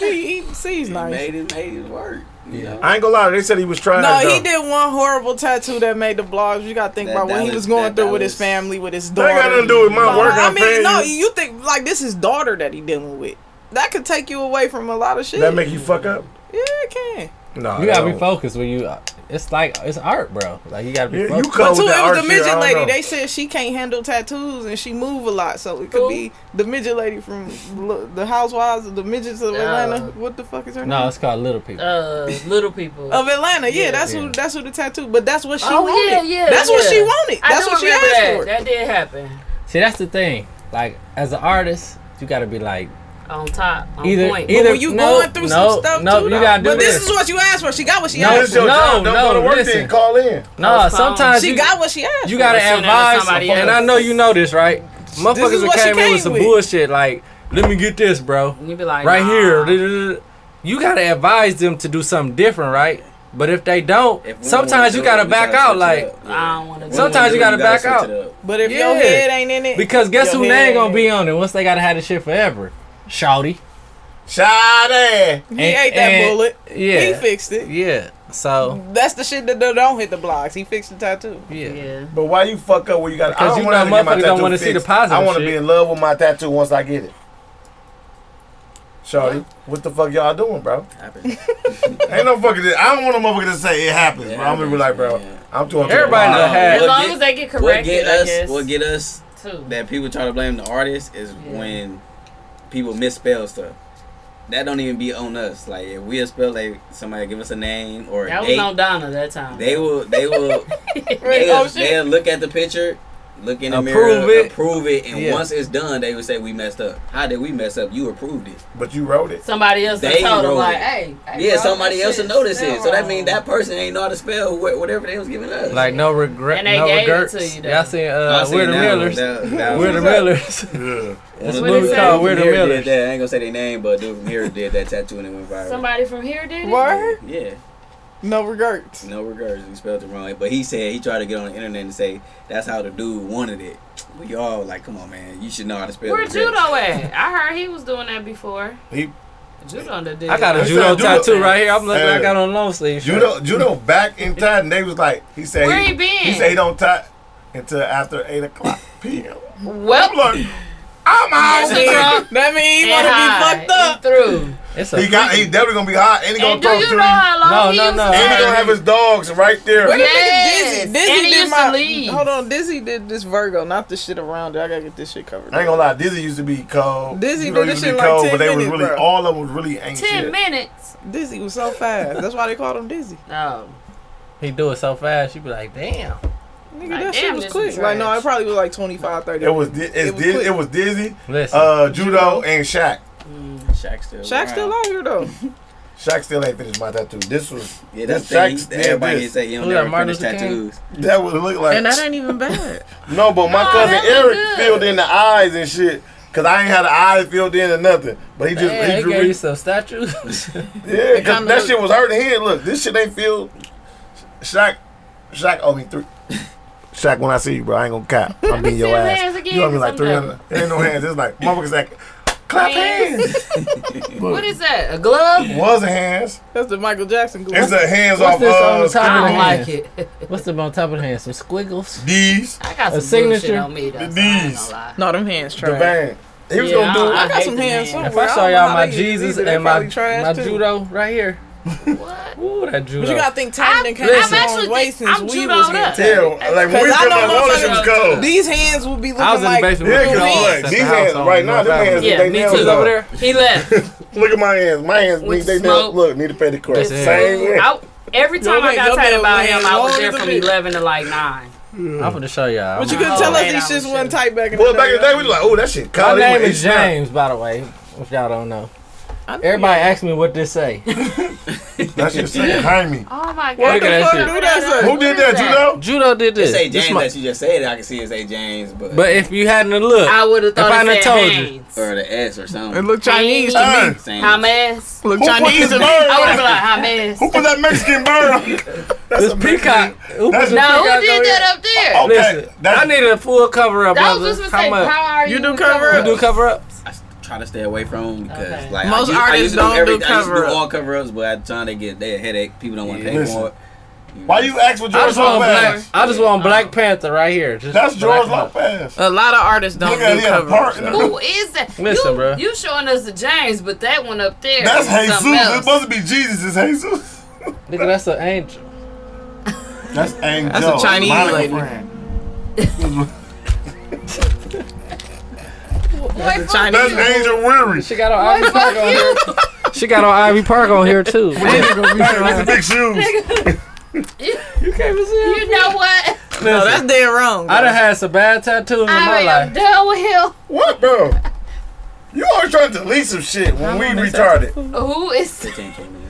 [SPEAKER 4] he?
[SPEAKER 9] he, he sees nice.
[SPEAKER 10] Made it, made it work. Yeah.
[SPEAKER 4] I ain't gonna lie. They said he was trash.
[SPEAKER 9] No,
[SPEAKER 4] though.
[SPEAKER 9] he did one horrible tattoo that made the blogs. You gotta think
[SPEAKER 10] That-
[SPEAKER 9] about
[SPEAKER 10] that
[SPEAKER 9] what he
[SPEAKER 10] was-
[SPEAKER 9] was going
[SPEAKER 10] that-
[SPEAKER 9] through
[SPEAKER 10] that
[SPEAKER 9] with his
[SPEAKER 10] was-
[SPEAKER 9] family, with his
[SPEAKER 4] That
[SPEAKER 9] daughter.
[SPEAKER 4] ain't got nothing to do with my
[SPEAKER 9] Like,
[SPEAKER 4] work.
[SPEAKER 9] I
[SPEAKER 4] I'm
[SPEAKER 9] mean, no,
[SPEAKER 4] paying you.
[SPEAKER 9] you think like this is daughter that he dealing with. That could take you away from a lot of shit.
[SPEAKER 4] That make you fuck up?
[SPEAKER 9] yeah, it can.
[SPEAKER 4] No,
[SPEAKER 8] You
[SPEAKER 4] that
[SPEAKER 8] gotta be
[SPEAKER 4] don't.
[SPEAKER 8] focused when you. It's like it's art, bro. Like you gotta be.
[SPEAKER 4] Yeah, you
[SPEAKER 8] focused.
[SPEAKER 9] But
[SPEAKER 4] cold.
[SPEAKER 9] too,
[SPEAKER 4] with
[SPEAKER 9] it
[SPEAKER 4] that
[SPEAKER 9] was
[SPEAKER 4] art
[SPEAKER 9] the
[SPEAKER 4] shit,
[SPEAKER 9] midget
[SPEAKER 4] I don't
[SPEAKER 9] lady.
[SPEAKER 4] know.
[SPEAKER 9] They said she can't handle tattoos and she move a lot, so it could be the midget lady from L- the Housewives of the Midgets of Atlanta. What the fuck is her
[SPEAKER 8] No,
[SPEAKER 9] name?
[SPEAKER 8] it's called little people.
[SPEAKER 6] Uh, little people.
[SPEAKER 9] Of Atlanta, yeah, that's
[SPEAKER 8] Yeah.
[SPEAKER 9] who that's who the tattoo. But that's what she
[SPEAKER 6] oh
[SPEAKER 9] wanted.
[SPEAKER 6] yeah, yeah.
[SPEAKER 9] that's
[SPEAKER 6] yeah.
[SPEAKER 9] what she wanted.
[SPEAKER 6] I
[SPEAKER 9] That's
[SPEAKER 6] do
[SPEAKER 9] what she
[SPEAKER 6] remember
[SPEAKER 9] asked
[SPEAKER 6] that.
[SPEAKER 9] for.
[SPEAKER 6] That did happen.
[SPEAKER 8] See, that's the thing. Like as an artist, you gotta be like
[SPEAKER 6] On top. On
[SPEAKER 8] either
[SPEAKER 6] point.
[SPEAKER 8] either
[SPEAKER 9] but when you
[SPEAKER 8] no,
[SPEAKER 9] going
[SPEAKER 8] no,
[SPEAKER 9] through some stuff
[SPEAKER 8] no,
[SPEAKER 9] too,
[SPEAKER 8] you
[SPEAKER 9] though.
[SPEAKER 8] gotta do
[SPEAKER 9] but this.
[SPEAKER 8] this.
[SPEAKER 9] is what you asked for. She got what she
[SPEAKER 8] No,
[SPEAKER 9] asked
[SPEAKER 4] This your
[SPEAKER 8] no,
[SPEAKER 4] job. Don't
[SPEAKER 8] no,
[SPEAKER 4] go to work
[SPEAKER 8] listen.
[SPEAKER 4] then. Call in.
[SPEAKER 8] No,
[SPEAKER 6] Postpone.
[SPEAKER 8] sometimes
[SPEAKER 9] She
[SPEAKER 8] you,
[SPEAKER 9] got what she asked.
[SPEAKER 8] you
[SPEAKER 9] for.
[SPEAKER 8] gotta
[SPEAKER 6] Send it to
[SPEAKER 8] advise,
[SPEAKER 6] somebody
[SPEAKER 8] and I
[SPEAKER 6] else.
[SPEAKER 8] know you know this, right? Motherfuckers that
[SPEAKER 9] what she
[SPEAKER 8] came in
[SPEAKER 9] came
[SPEAKER 8] with some
[SPEAKER 9] with.
[SPEAKER 8] bullshit, like, let me get this, bro.
[SPEAKER 6] You be like
[SPEAKER 8] right
[SPEAKER 6] nah.
[SPEAKER 8] here. da-da-da-da. You gotta advise them to do something different, right? But if they don't,
[SPEAKER 10] If we wanna
[SPEAKER 8] sometimes
[SPEAKER 10] do
[SPEAKER 8] you
[SPEAKER 10] it,
[SPEAKER 8] gotta
[SPEAKER 10] we
[SPEAKER 8] back
[SPEAKER 10] gotta
[SPEAKER 8] out,
[SPEAKER 10] switch
[SPEAKER 8] like,
[SPEAKER 10] it up.
[SPEAKER 6] I don't want to.
[SPEAKER 8] Sometimes you gotta back out.
[SPEAKER 9] But if
[SPEAKER 8] Yeah.
[SPEAKER 9] your head ain't in it,
[SPEAKER 8] because guess who
[SPEAKER 9] your head
[SPEAKER 8] name
[SPEAKER 9] ain't
[SPEAKER 8] gonna
[SPEAKER 9] in
[SPEAKER 8] be
[SPEAKER 9] it.
[SPEAKER 8] on it once they gotta have this shit forever? Shouty.
[SPEAKER 4] Shawty.
[SPEAKER 9] He ate that bullet.
[SPEAKER 8] Yeah.
[SPEAKER 9] He fixed it.
[SPEAKER 8] Yeah. So
[SPEAKER 9] That's the shit that don't- don't hit the blocks. He fixed the
[SPEAKER 6] [laughs]
[SPEAKER 9] tattoo.
[SPEAKER 8] yeah.
[SPEAKER 6] Yeah.
[SPEAKER 4] But why you fuck up when you got?
[SPEAKER 8] Because
[SPEAKER 4] I
[SPEAKER 8] you
[SPEAKER 4] don't want to
[SPEAKER 8] know
[SPEAKER 4] get my
[SPEAKER 8] motherfuckers
[SPEAKER 4] tattoo
[SPEAKER 8] don't wanna see the
[SPEAKER 4] fixed.
[SPEAKER 8] positive
[SPEAKER 4] I wanna
[SPEAKER 8] shit.
[SPEAKER 4] be in love with my tattoo once I get it. Shorty, what the fuck y'all doing, bro? Ain't no fucking. I don't want a motherfucker to say it happens, bro. I'm gonna be like, bro, I'm doing.
[SPEAKER 8] Everybody done had-
[SPEAKER 6] As long as they get
[SPEAKER 10] What
[SPEAKER 6] corrected,
[SPEAKER 10] get
[SPEAKER 6] I
[SPEAKER 10] us?
[SPEAKER 6] guess.
[SPEAKER 10] What get us
[SPEAKER 6] too.
[SPEAKER 10] that people try to blame the artist is when people misspell stuff. That don't even be on us. Like if we spell like somebody give us a name or a
[SPEAKER 6] That was
[SPEAKER 10] date,
[SPEAKER 6] on Donna that time.
[SPEAKER 10] they will they will
[SPEAKER 6] Oh,
[SPEAKER 9] Oh,
[SPEAKER 10] they'll, they'll look at the picture, look in the
[SPEAKER 8] Approve
[SPEAKER 10] mirror,
[SPEAKER 8] it.
[SPEAKER 10] approve it, and
[SPEAKER 8] Yeah.
[SPEAKER 10] once it's done, they will say we messed up. How did we mess up? You approved it,
[SPEAKER 4] but you wrote it.
[SPEAKER 6] Somebody else
[SPEAKER 10] They
[SPEAKER 6] told them
[SPEAKER 10] wrote
[SPEAKER 6] like,
[SPEAKER 10] it.
[SPEAKER 6] hey, hey,
[SPEAKER 10] yeah,
[SPEAKER 6] bro,
[SPEAKER 10] somebody
[SPEAKER 6] that
[SPEAKER 10] else will
[SPEAKER 6] shit
[SPEAKER 10] notice it. So that
[SPEAKER 6] spelled
[SPEAKER 10] means that person ain't know how to spell wh- whatever they was giving us.
[SPEAKER 8] Like no regret,
[SPEAKER 10] And they
[SPEAKER 8] no
[SPEAKER 10] gave it
[SPEAKER 8] regrets.
[SPEAKER 10] to you, though.
[SPEAKER 8] Y'all seen
[SPEAKER 10] I
[SPEAKER 8] uh,
[SPEAKER 10] seen
[SPEAKER 8] We're the
[SPEAKER 10] that one.
[SPEAKER 8] Millers.
[SPEAKER 10] That- that
[SPEAKER 8] We're
[SPEAKER 10] was-
[SPEAKER 8] the Millers. This movie called We're the
[SPEAKER 10] Mirror did
[SPEAKER 8] Millers.
[SPEAKER 10] that. I ain't gonna say their name, but dude from here did that tattoo and it went viral.
[SPEAKER 6] Somebody from here did it.
[SPEAKER 9] Word?
[SPEAKER 10] Yeah.
[SPEAKER 9] No regrets.
[SPEAKER 10] No regrets. We spelled it wrong. But he said he tried to get on the internet and say that's how the dude wanted it. We all like, come on, man. You should know how to spell.
[SPEAKER 6] Where
[SPEAKER 10] regrets.
[SPEAKER 6] Judo [laughs] at? I heard he was doing that before.
[SPEAKER 4] He-
[SPEAKER 6] Judo done did.
[SPEAKER 8] I got a
[SPEAKER 4] They
[SPEAKER 8] judo
[SPEAKER 4] said judo-
[SPEAKER 8] tattoo right here. I'm looking
[SPEAKER 4] Hey.
[SPEAKER 8] like I got on a long sleeve. shirt.
[SPEAKER 4] Judo, judo back in time. They was like, he said,
[SPEAKER 6] Where
[SPEAKER 4] he,
[SPEAKER 6] he been?
[SPEAKER 4] said he don't tie until after eight o'clock p.m.
[SPEAKER 6] Well,
[SPEAKER 4] I'm like, I'm out.
[SPEAKER 6] Mr. Trump
[SPEAKER 9] That mean he
[SPEAKER 6] and
[SPEAKER 9] wanna
[SPEAKER 6] high.
[SPEAKER 9] be fucked up.
[SPEAKER 6] Through.
[SPEAKER 8] It's a
[SPEAKER 4] He got, he definitely gonna be hot, and he gonna
[SPEAKER 6] And do
[SPEAKER 4] talk
[SPEAKER 6] you
[SPEAKER 4] to
[SPEAKER 6] know how long
[SPEAKER 8] No,
[SPEAKER 6] he
[SPEAKER 8] no,
[SPEAKER 6] used
[SPEAKER 8] no.
[SPEAKER 6] to
[SPEAKER 4] And he
[SPEAKER 6] take?
[SPEAKER 4] gonna have his dogs right there.
[SPEAKER 9] Where the
[SPEAKER 6] Yes.
[SPEAKER 9] nigga Dizzy?
[SPEAKER 6] And
[SPEAKER 9] Dizzy
[SPEAKER 6] he
[SPEAKER 9] did
[SPEAKER 6] used to
[SPEAKER 9] my.
[SPEAKER 6] leave.
[SPEAKER 9] Hold on, Dizzy did this Virgo, not the shit around it. I gotta get this shit covered.
[SPEAKER 4] I ain't gonna lie, Dizzy used to be cold.
[SPEAKER 9] Dizzy
[SPEAKER 4] Judo
[SPEAKER 9] did
[SPEAKER 4] used
[SPEAKER 9] this
[SPEAKER 4] to be
[SPEAKER 9] shit like 10
[SPEAKER 4] but they was
[SPEAKER 9] minutes,
[SPEAKER 4] really
[SPEAKER 9] bro.
[SPEAKER 4] all of them was really ain't
[SPEAKER 6] Ten
[SPEAKER 4] shit.
[SPEAKER 6] minutes.
[SPEAKER 9] Dizzy was so fast. That's why they called him Dizzy.
[SPEAKER 6] No.
[SPEAKER 8] He do it so fast. You be like, damn.
[SPEAKER 6] Like,
[SPEAKER 9] Nigga, that shit
[SPEAKER 6] damn,
[SPEAKER 9] was
[SPEAKER 6] this
[SPEAKER 9] quick.
[SPEAKER 6] is
[SPEAKER 9] Like, no,
[SPEAKER 6] trash.
[SPEAKER 9] it probably was like 25, 30.
[SPEAKER 4] It was, di- it's
[SPEAKER 9] It was
[SPEAKER 4] Diz-
[SPEAKER 9] quick.
[SPEAKER 4] it was Dizzy,
[SPEAKER 8] Listen,
[SPEAKER 4] uh, Judo, and Shaq.
[SPEAKER 10] Shaq still.
[SPEAKER 9] Shaq's still
[SPEAKER 10] around.
[SPEAKER 9] on here, though.
[SPEAKER 4] Shaq still ain't finished my tattoo. This was
[SPEAKER 10] Yeah, that's the
[SPEAKER 4] Shaq
[SPEAKER 10] thing.
[SPEAKER 4] did
[SPEAKER 10] He, everybody
[SPEAKER 4] this.
[SPEAKER 10] can say he don't
[SPEAKER 8] Who
[SPEAKER 10] never
[SPEAKER 8] that, Martin
[SPEAKER 10] finish
[SPEAKER 8] Luther King?
[SPEAKER 10] tattoos.
[SPEAKER 4] That would look like
[SPEAKER 9] And that ain't even bad.
[SPEAKER 4] no, but my
[SPEAKER 6] No,
[SPEAKER 4] cousin
[SPEAKER 6] Oh, that look
[SPEAKER 4] Eric
[SPEAKER 6] good.
[SPEAKER 4] filled in the eyes and shit. Cause I ain't had the eyes filled in or nothing. But he just
[SPEAKER 8] man,
[SPEAKER 4] he
[SPEAKER 8] they
[SPEAKER 4] drew
[SPEAKER 8] gave
[SPEAKER 4] me-
[SPEAKER 8] you some statues.
[SPEAKER 4] Yeah, 'cause
[SPEAKER 9] kinda
[SPEAKER 4] that
[SPEAKER 9] look-
[SPEAKER 4] shit was hurting him. Look, this shit ain't filled. Shaq, Shaq owe me three. Shaq, when I see you, bro, I ain't gonna cap. I'm being
[SPEAKER 6] see [laughs]
[SPEAKER 4] your
[SPEAKER 6] them
[SPEAKER 4] ass.
[SPEAKER 6] hands again,
[SPEAKER 4] you owe me like
[SPEAKER 6] sometime.
[SPEAKER 4] 300. It ain't no hands. It's like, motherfuckers like, clap
[SPEAKER 6] Hands.
[SPEAKER 4] hands.
[SPEAKER 6] What is that? A glove?
[SPEAKER 4] Was hands.
[SPEAKER 9] That's the Michael Jackson glove.
[SPEAKER 4] It's a hands
[SPEAKER 8] What's
[SPEAKER 4] off
[SPEAKER 8] this on
[SPEAKER 4] uh,
[SPEAKER 8] the top?
[SPEAKER 4] scribbled
[SPEAKER 6] I
[SPEAKER 8] I
[SPEAKER 6] don't
[SPEAKER 8] Yeah.
[SPEAKER 4] hands.
[SPEAKER 6] like it. [laughs]
[SPEAKER 8] [laughs] What's up on top of the hand? Some squiggles.
[SPEAKER 4] These,
[SPEAKER 6] I got
[SPEAKER 8] A
[SPEAKER 6] some signature
[SPEAKER 8] signature?
[SPEAKER 6] shit on me though. So I ain't
[SPEAKER 4] These.
[SPEAKER 6] gonna lie.
[SPEAKER 9] No, them hands
[SPEAKER 4] the
[SPEAKER 9] trash.
[SPEAKER 4] van. He was
[SPEAKER 6] Yeah,
[SPEAKER 4] gonna do
[SPEAKER 6] I-
[SPEAKER 9] I
[SPEAKER 4] it.
[SPEAKER 9] got some
[SPEAKER 6] hate
[SPEAKER 9] hands
[SPEAKER 6] them
[SPEAKER 9] somewhere.
[SPEAKER 8] If I
[SPEAKER 9] don't
[SPEAKER 8] saw
[SPEAKER 9] know
[SPEAKER 8] y'all
[SPEAKER 9] how
[SPEAKER 8] my
[SPEAKER 9] they get these,
[SPEAKER 8] Jesus
[SPEAKER 9] but they
[SPEAKER 8] and my
[SPEAKER 9] probably trash,
[SPEAKER 8] my
[SPEAKER 9] too.
[SPEAKER 8] judo right here.
[SPEAKER 6] What?
[SPEAKER 8] Ooh, that judo.
[SPEAKER 9] But you gotta think time done came
[SPEAKER 8] Listen.
[SPEAKER 9] a
[SPEAKER 6] I'm
[SPEAKER 9] long way
[SPEAKER 6] actually-
[SPEAKER 9] since
[SPEAKER 6] I'm
[SPEAKER 9] we
[SPEAKER 6] judoed
[SPEAKER 9] was
[SPEAKER 6] up.
[SPEAKER 9] getting
[SPEAKER 4] Tell, like when
[SPEAKER 9] Cause
[SPEAKER 4] we
[SPEAKER 9] I
[SPEAKER 4] took
[SPEAKER 9] know
[SPEAKER 4] my water, she was
[SPEAKER 9] motherfuckers-
[SPEAKER 4] cold.
[SPEAKER 9] These hands will be looking
[SPEAKER 8] I was in the
[SPEAKER 9] like
[SPEAKER 8] basement.
[SPEAKER 4] Yeah,
[SPEAKER 8] with
[SPEAKER 4] cause
[SPEAKER 8] my
[SPEAKER 9] hands.
[SPEAKER 4] look,
[SPEAKER 8] at
[SPEAKER 4] these
[SPEAKER 8] the house
[SPEAKER 4] hands
[SPEAKER 8] on
[SPEAKER 4] right now,
[SPEAKER 8] North
[SPEAKER 4] them
[SPEAKER 8] Avenue.
[SPEAKER 4] hands,
[SPEAKER 6] Yeah,
[SPEAKER 4] they
[SPEAKER 6] me
[SPEAKER 4] nails
[SPEAKER 6] too.
[SPEAKER 4] is
[SPEAKER 8] Over
[SPEAKER 4] up.
[SPEAKER 8] there.
[SPEAKER 6] He
[SPEAKER 9] [laughs]
[SPEAKER 6] left.
[SPEAKER 4] Look at my hands. My hands
[SPEAKER 6] With
[SPEAKER 4] need they nails.
[SPEAKER 6] smoke.
[SPEAKER 4] Look, need a pedicure.
[SPEAKER 8] That's it.
[SPEAKER 4] Same way.
[SPEAKER 6] I, every time I
[SPEAKER 9] man,
[SPEAKER 6] got
[SPEAKER 9] your
[SPEAKER 6] tired
[SPEAKER 9] man
[SPEAKER 6] about
[SPEAKER 9] was
[SPEAKER 6] him, I was
[SPEAKER 9] long
[SPEAKER 6] there
[SPEAKER 9] as a
[SPEAKER 6] from
[SPEAKER 9] bitch.
[SPEAKER 6] eleven to like nine.
[SPEAKER 8] I'm gonna show y'all.
[SPEAKER 9] But you
[SPEAKER 8] My-
[SPEAKER 9] couldn't tell us
[SPEAKER 6] Oh,
[SPEAKER 9] these
[SPEAKER 6] man,
[SPEAKER 9] shits
[SPEAKER 6] I'm
[SPEAKER 9] wasn't tight back in
[SPEAKER 4] Well,
[SPEAKER 9] the
[SPEAKER 4] back in
[SPEAKER 9] day.
[SPEAKER 4] the day, we was like, oh, that shit
[SPEAKER 8] My
[SPEAKER 4] cold.
[SPEAKER 8] name
[SPEAKER 4] It
[SPEAKER 8] is
[SPEAKER 4] smell.
[SPEAKER 8] James, by the way. If y'all don't know,
[SPEAKER 9] I knew
[SPEAKER 8] everybody asks me what
[SPEAKER 10] [laughs]
[SPEAKER 8] this say.
[SPEAKER 4] That shit say Jaime.
[SPEAKER 6] Oh my
[SPEAKER 9] What
[SPEAKER 6] god.
[SPEAKER 8] Look at
[SPEAKER 9] the
[SPEAKER 8] that
[SPEAKER 9] fuck
[SPEAKER 8] shit.
[SPEAKER 9] do that?
[SPEAKER 4] Who
[SPEAKER 9] shit?
[SPEAKER 6] What
[SPEAKER 4] did
[SPEAKER 6] is
[SPEAKER 4] that,
[SPEAKER 6] that?
[SPEAKER 4] Judo?
[SPEAKER 8] Judo did
[SPEAKER 10] They
[SPEAKER 8] this.
[SPEAKER 10] say
[SPEAKER 8] This
[SPEAKER 10] James
[SPEAKER 8] my-
[SPEAKER 10] that you just said it. I can see it say James, but
[SPEAKER 8] but if you hadn't looked,
[SPEAKER 6] I would have
[SPEAKER 8] If I
[SPEAKER 6] thought
[SPEAKER 8] done
[SPEAKER 6] it
[SPEAKER 8] told
[SPEAKER 6] said
[SPEAKER 8] you.
[SPEAKER 6] Haynes.
[SPEAKER 10] or the S or something.
[SPEAKER 9] It looked Chinese to me.
[SPEAKER 4] Hey,
[SPEAKER 10] Same.
[SPEAKER 6] Hamas.
[SPEAKER 9] Look
[SPEAKER 4] Who put this
[SPEAKER 9] Chinese to
[SPEAKER 4] bird
[SPEAKER 9] me.
[SPEAKER 6] I would have
[SPEAKER 4] on?
[SPEAKER 6] been like
[SPEAKER 4] Who
[SPEAKER 6] Hamas.
[SPEAKER 4] put that Mexican bird on? That's
[SPEAKER 8] this
[SPEAKER 4] a Mexican-
[SPEAKER 8] peacock. Who
[SPEAKER 4] That's
[SPEAKER 8] put the
[SPEAKER 4] a-
[SPEAKER 6] No,
[SPEAKER 8] peacock
[SPEAKER 6] who
[SPEAKER 8] over
[SPEAKER 6] did
[SPEAKER 8] here?
[SPEAKER 6] that up there?
[SPEAKER 4] Oh, Okay,
[SPEAKER 8] Listen,
[SPEAKER 4] that's-
[SPEAKER 8] I need a full cover up,
[SPEAKER 6] That
[SPEAKER 8] brother.
[SPEAKER 6] was just
[SPEAKER 8] How
[SPEAKER 6] say,
[SPEAKER 8] much?
[SPEAKER 6] how are you?
[SPEAKER 9] You do cover
[SPEAKER 8] you do cover ups?
[SPEAKER 10] I s- try to stay away from them because
[SPEAKER 6] Okay.
[SPEAKER 10] like
[SPEAKER 9] Most
[SPEAKER 10] I used, I used
[SPEAKER 9] artists
[SPEAKER 10] to
[SPEAKER 9] don't do
[SPEAKER 10] everything. I used to
[SPEAKER 9] cover-up.
[SPEAKER 10] do all cover ups, but at the time they get their headache. People don't want to
[SPEAKER 4] Yeah.
[SPEAKER 10] pay
[SPEAKER 4] Listen.
[SPEAKER 10] for it.
[SPEAKER 4] Why you ask for
[SPEAKER 8] I
[SPEAKER 4] George
[SPEAKER 8] just
[SPEAKER 9] Oh,
[SPEAKER 6] Oh,
[SPEAKER 8] want black.
[SPEAKER 4] Lopez?
[SPEAKER 8] I just want Black Panther right here. Just
[SPEAKER 4] That's George
[SPEAKER 8] Black Panther.
[SPEAKER 4] Lopez.
[SPEAKER 9] A lot of artists don't
[SPEAKER 4] Look at
[SPEAKER 9] do
[SPEAKER 4] him, a
[SPEAKER 9] cover.
[SPEAKER 4] part in the-
[SPEAKER 6] Who is that?
[SPEAKER 8] Listen,
[SPEAKER 6] you,
[SPEAKER 8] bruh.
[SPEAKER 6] you showing us the James, but that one up there.
[SPEAKER 4] That's
[SPEAKER 6] is something
[SPEAKER 4] Jesus. It
[SPEAKER 6] else.
[SPEAKER 4] must be Jesus. It's Jesus.
[SPEAKER 8] Nigga, that's an angel.
[SPEAKER 4] That's Angel.
[SPEAKER 9] That's a Chinese
[SPEAKER 4] Monica
[SPEAKER 9] lady.
[SPEAKER 4] friend.
[SPEAKER 9] That's a
[SPEAKER 4] That's
[SPEAKER 9] Chinese.
[SPEAKER 4] Angel Weary.
[SPEAKER 8] She got on Ivy Park on here. She got on Ivy Park on here [laughs] too.
[SPEAKER 4] With the big shoes.
[SPEAKER 6] You know what?
[SPEAKER 9] No, that's dead wrong.
[SPEAKER 8] I done had some bad tattoos in my
[SPEAKER 6] I am
[SPEAKER 8] life.
[SPEAKER 6] done with him.
[SPEAKER 4] What, bro? You always trying to delete some shit when we retarded.
[SPEAKER 6] Who is?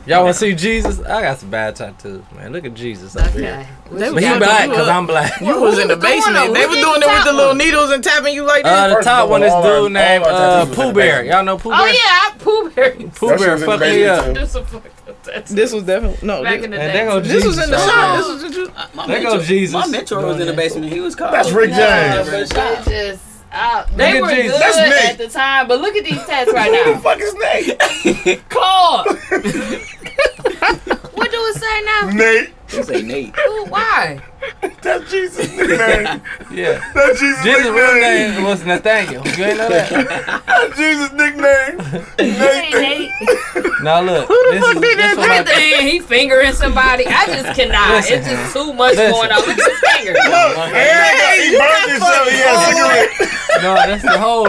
[SPEAKER 8] Y'all want to see Jesus? I got some bad tattoos, man. Look at Jesus up
[SPEAKER 6] Okay.
[SPEAKER 8] here.
[SPEAKER 9] They
[SPEAKER 8] But
[SPEAKER 9] was
[SPEAKER 8] he
[SPEAKER 9] fucking
[SPEAKER 8] black
[SPEAKER 9] you
[SPEAKER 8] because
[SPEAKER 9] up.
[SPEAKER 8] I'm [laughs] black.
[SPEAKER 9] You was in the
[SPEAKER 6] Who was the one
[SPEAKER 9] basement. They
[SPEAKER 6] who
[SPEAKER 9] was
[SPEAKER 6] did
[SPEAKER 9] doing
[SPEAKER 6] the
[SPEAKER 9] it with the
[SPEAKER 6] top
[SPEAKER 9] little
[SPEAKER 6] one?
[SPEAKER 9] needles and tapping you like
[SPEAKER 8] Uh,
[SPEAKER 9] that.
[SPEAKER 8] the
[SPEAKER 4] First of
[SPEAKER 8] top
[SPEAKER 4] all,
[SPEAKER 8] one is
[SPEAKER 4] all our- all
[SPEAKER 8] dude named
[SPEAKER 4] our tattoos
[SPEAKER 8] uh,
[SPEAKER 4] was in
[SPEAKER 8] Pooh
[SPEAKER 4] the
[SPEAKER 8] Bear.
[SPEAKER 4] basement.
[SPEAKER 8] Y'all know Pooh Bear?
[SPEAKER 6] Oh yeah, I Pooh [laughs] Berry.
[SPEAKER 8] Pooh Bear, fuck me up.
[SPEAKER 6] Do some fucked up tattoos.
[SPEAKER 9] This was definitely no.
[SPEAKER 6] Back
[SPEAKER 9] this-
[SPEAKER 6] in the
[SPEAKER 8] And
[SPEAKER 6] day.
[SPEAKER 8] there go
[SPEAKER 9] This was in the
[SPEAKER 8] Jesus.
[SPEAKER 9] shop. This was in the
[SPEAKER 10] My
[SPEAKER 8] There go
[SPEAKER 10] mentor,
[SPEAKER 8] Jesus.
[SPEAKER 10] My mentor was in the basement. He was called.
[SPEAKER 4] That's Rick
[SPEAKER 10] That's
[SPEAKER 4] James.
[SPEAKER 6] They
[SPEAKER 10] Rick James.
[SPEAKER 6] just uh, they
[SPEAKER 8] at
[SPEAKER 6] were
[SPEAKER 8] Jesus.
[SPEAKER 6] good
[SPEAKER 4] That's me.
[SPEAKER 6] at the time, but look at these tats right
[SPEAKER 8] [laughs]
[SPEAKER 4] Who the
[SPEAKER 6] now.
[SPEAKER 4] fuck is that?
[SPEAKER 6] Claude. what dude say now?
[SPEAKER 4] Nate.
[SPEAKER 10] He say Nate.
[SPEAKER 6] Who, why?
[SPEAKER 4] That's Jesus' nickname. [laughs]
[SPEAKER 8] yeah.
[SPEAKER 4] That's
[SPEAKER 8] Jesus'
[SPEAKER 4] Jesus' nickname.
[SPEAKER 8] real name was Nathaniel. You ain't know
[SPEAKER 4] [laughs]
[SPEAKER 8] that.
[SPEAKER 4] That's Jesus' nickname.
[SPEAKER 6] Nate.
[SPEAKER 8] now look, this is this what
[SPEAKER 6] Right
[SPEAKER 8] my
[SPEAKER 6] there, he fingering somebody. I just cannot.
[SPEAKER 8] Listen.
[SPEAKER 6] it's just too much
[SPEAKER 8] Listen.
[SPEAKER 6] going on. It's just finger.
[SPEAKER 4] Hey, he burnt himself. He had a cigarette.
[SPEAKER 8] no, that's the whole.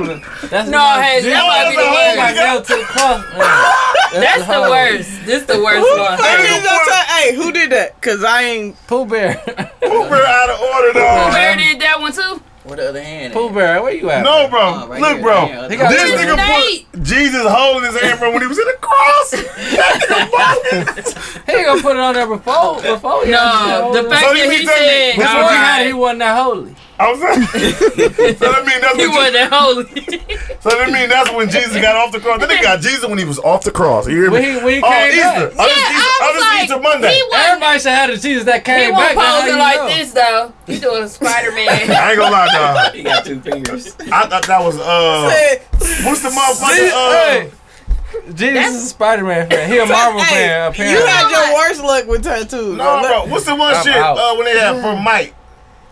[SPEAKER 8] That's
[SPEAKER 6] No,
[SPEAKER 8] not
[SPEAKER 6] hey, that
[SPEAKER 8] Jesus.
[SPEAKER 6] might be the
[SPEAKER 8] Oh my
[SPEAKER 6] worst.
[SPEAKER 8] God, to the cross. Mm.
[SPEAKER 6] That's the
[SPEAKER 8] whole.
[SPEAKER 6] worst. This the worst
[SPEAKER 9] Who
[SPEAKER 6] one.
[SPEAKER 9] I need your time. Hey, who did that? Cause I ain't.
[SPEAKER 8] Pooh Bear. [laughs]
[SPEAKER 4] Uber out of order,
[SPEAKER 6] Who
[SPEAKER 4] dog.
[SPEAKER 6] did that one too?
[SPEAKER 10] With the other hand.
[SPEAKER 8] [laughs] Pooh Bear, where you at?
[SPEAKER 4] No, bro.
[SPEAKER 10] Oh, right
[SPEAKER 4] Look,
[SPEAKER 10] here.
[SPEAKER 4] bro.
[SPEAKER 10] Yeah,
[SPEAKER 8] He got
[SPEAKER 4] this
[SPEAKER 8] this
[SPEAKER 4] nigga
[SPEAKER 6] Nate.
[SPEAKER 4] put Jesus holding his hand from when he was in the cross. That's the most.
[SPEAKER 8] He ain't gonna put it on there before before.
[SPEAKER 6] No, the fact
[SPEAKER 4] So you
[SPEAKER 6] that
[SPEAKER 4] mean
[SPEAKER 6] he
[SPEAKER 4] tell me-
[SPEAKER 6] said,
[SPEAKER 4] That's
[SPEAKER 8] That's
[SPEAKER 6] all
[SPEAKER 4] what
[SPEAKER 8] what he had.
[SPEAKER 6] right,
[SPEAKER 8] He wasn't that holy.
[SPEAKER 10] [laughs]
[SPEAKER 4] I'm saying. so that mean that's
[SPEAKER 6] he
[SPEAKER 4] when Je-
[SPEAKER 6] wasn't that holy.
[SPEAKER 4] so that mean that's when Jesus got off the cross. Then they got Jesus when he was off the cross. You hear me?
[SPEAKER 8] When he- when he
[SPEAKER 4] on
[SPEAKER 8] came back.
[SPEAKER 4] Oh, Easter. On
[SPEAKER 6] Yeah,
[SPEAKER 4] this Easter,
[SPEAKER 6] I
[SPEAKER 4] on
[SPEAKER 6] was
[SPEAKER 4] this
[SPEAKER 6] like,
[SPEAKER 4] Easter Monday.
[SPEAKER 6] he wasn't
[SPEAKER 8] Everybody should have the Jesus that
[SPEAKER 6] He
[SPEAKER 8] came
[SPEAKER 6] was
[SPEAKER 8] back. That's how
[SPEAKER 6] posing
[SPEAKER 8] you
[SPEAKER 6] like
[SPEAKER 8] know.
[SPEAKER 6] this though. He doing Spider Man.
[SPEAKER 4] I ain't gonna lie,
[SPEAKER 10] [laughs]
[SPEAKER 4] dog.
[SPEAKER 10] He got two fingers.
[SPEAKER 4] I thought that was uh, what's the motherfucker? Uh,
[SPEAKER 8] Hey, Jesus is a Spider Man fan.
[SPEAKER 6] [laughs]
[SPEAKER 8] He a Marvel fan,
[SPEAKER 9] Hey, you
[SPEAKER 8] apparently.
[SPEAKER 9] had your worst luck with tattoos.
[SPEAKER 4] no,
[SPEAKER 9] Look,
[SPEAKER 4] bro. What's the one
[SPEAKER 8] I'm
[SPEAKER 4] shit
[SPEAKER 8] out.
[SPEAKER 4] uh, when they had for Mike?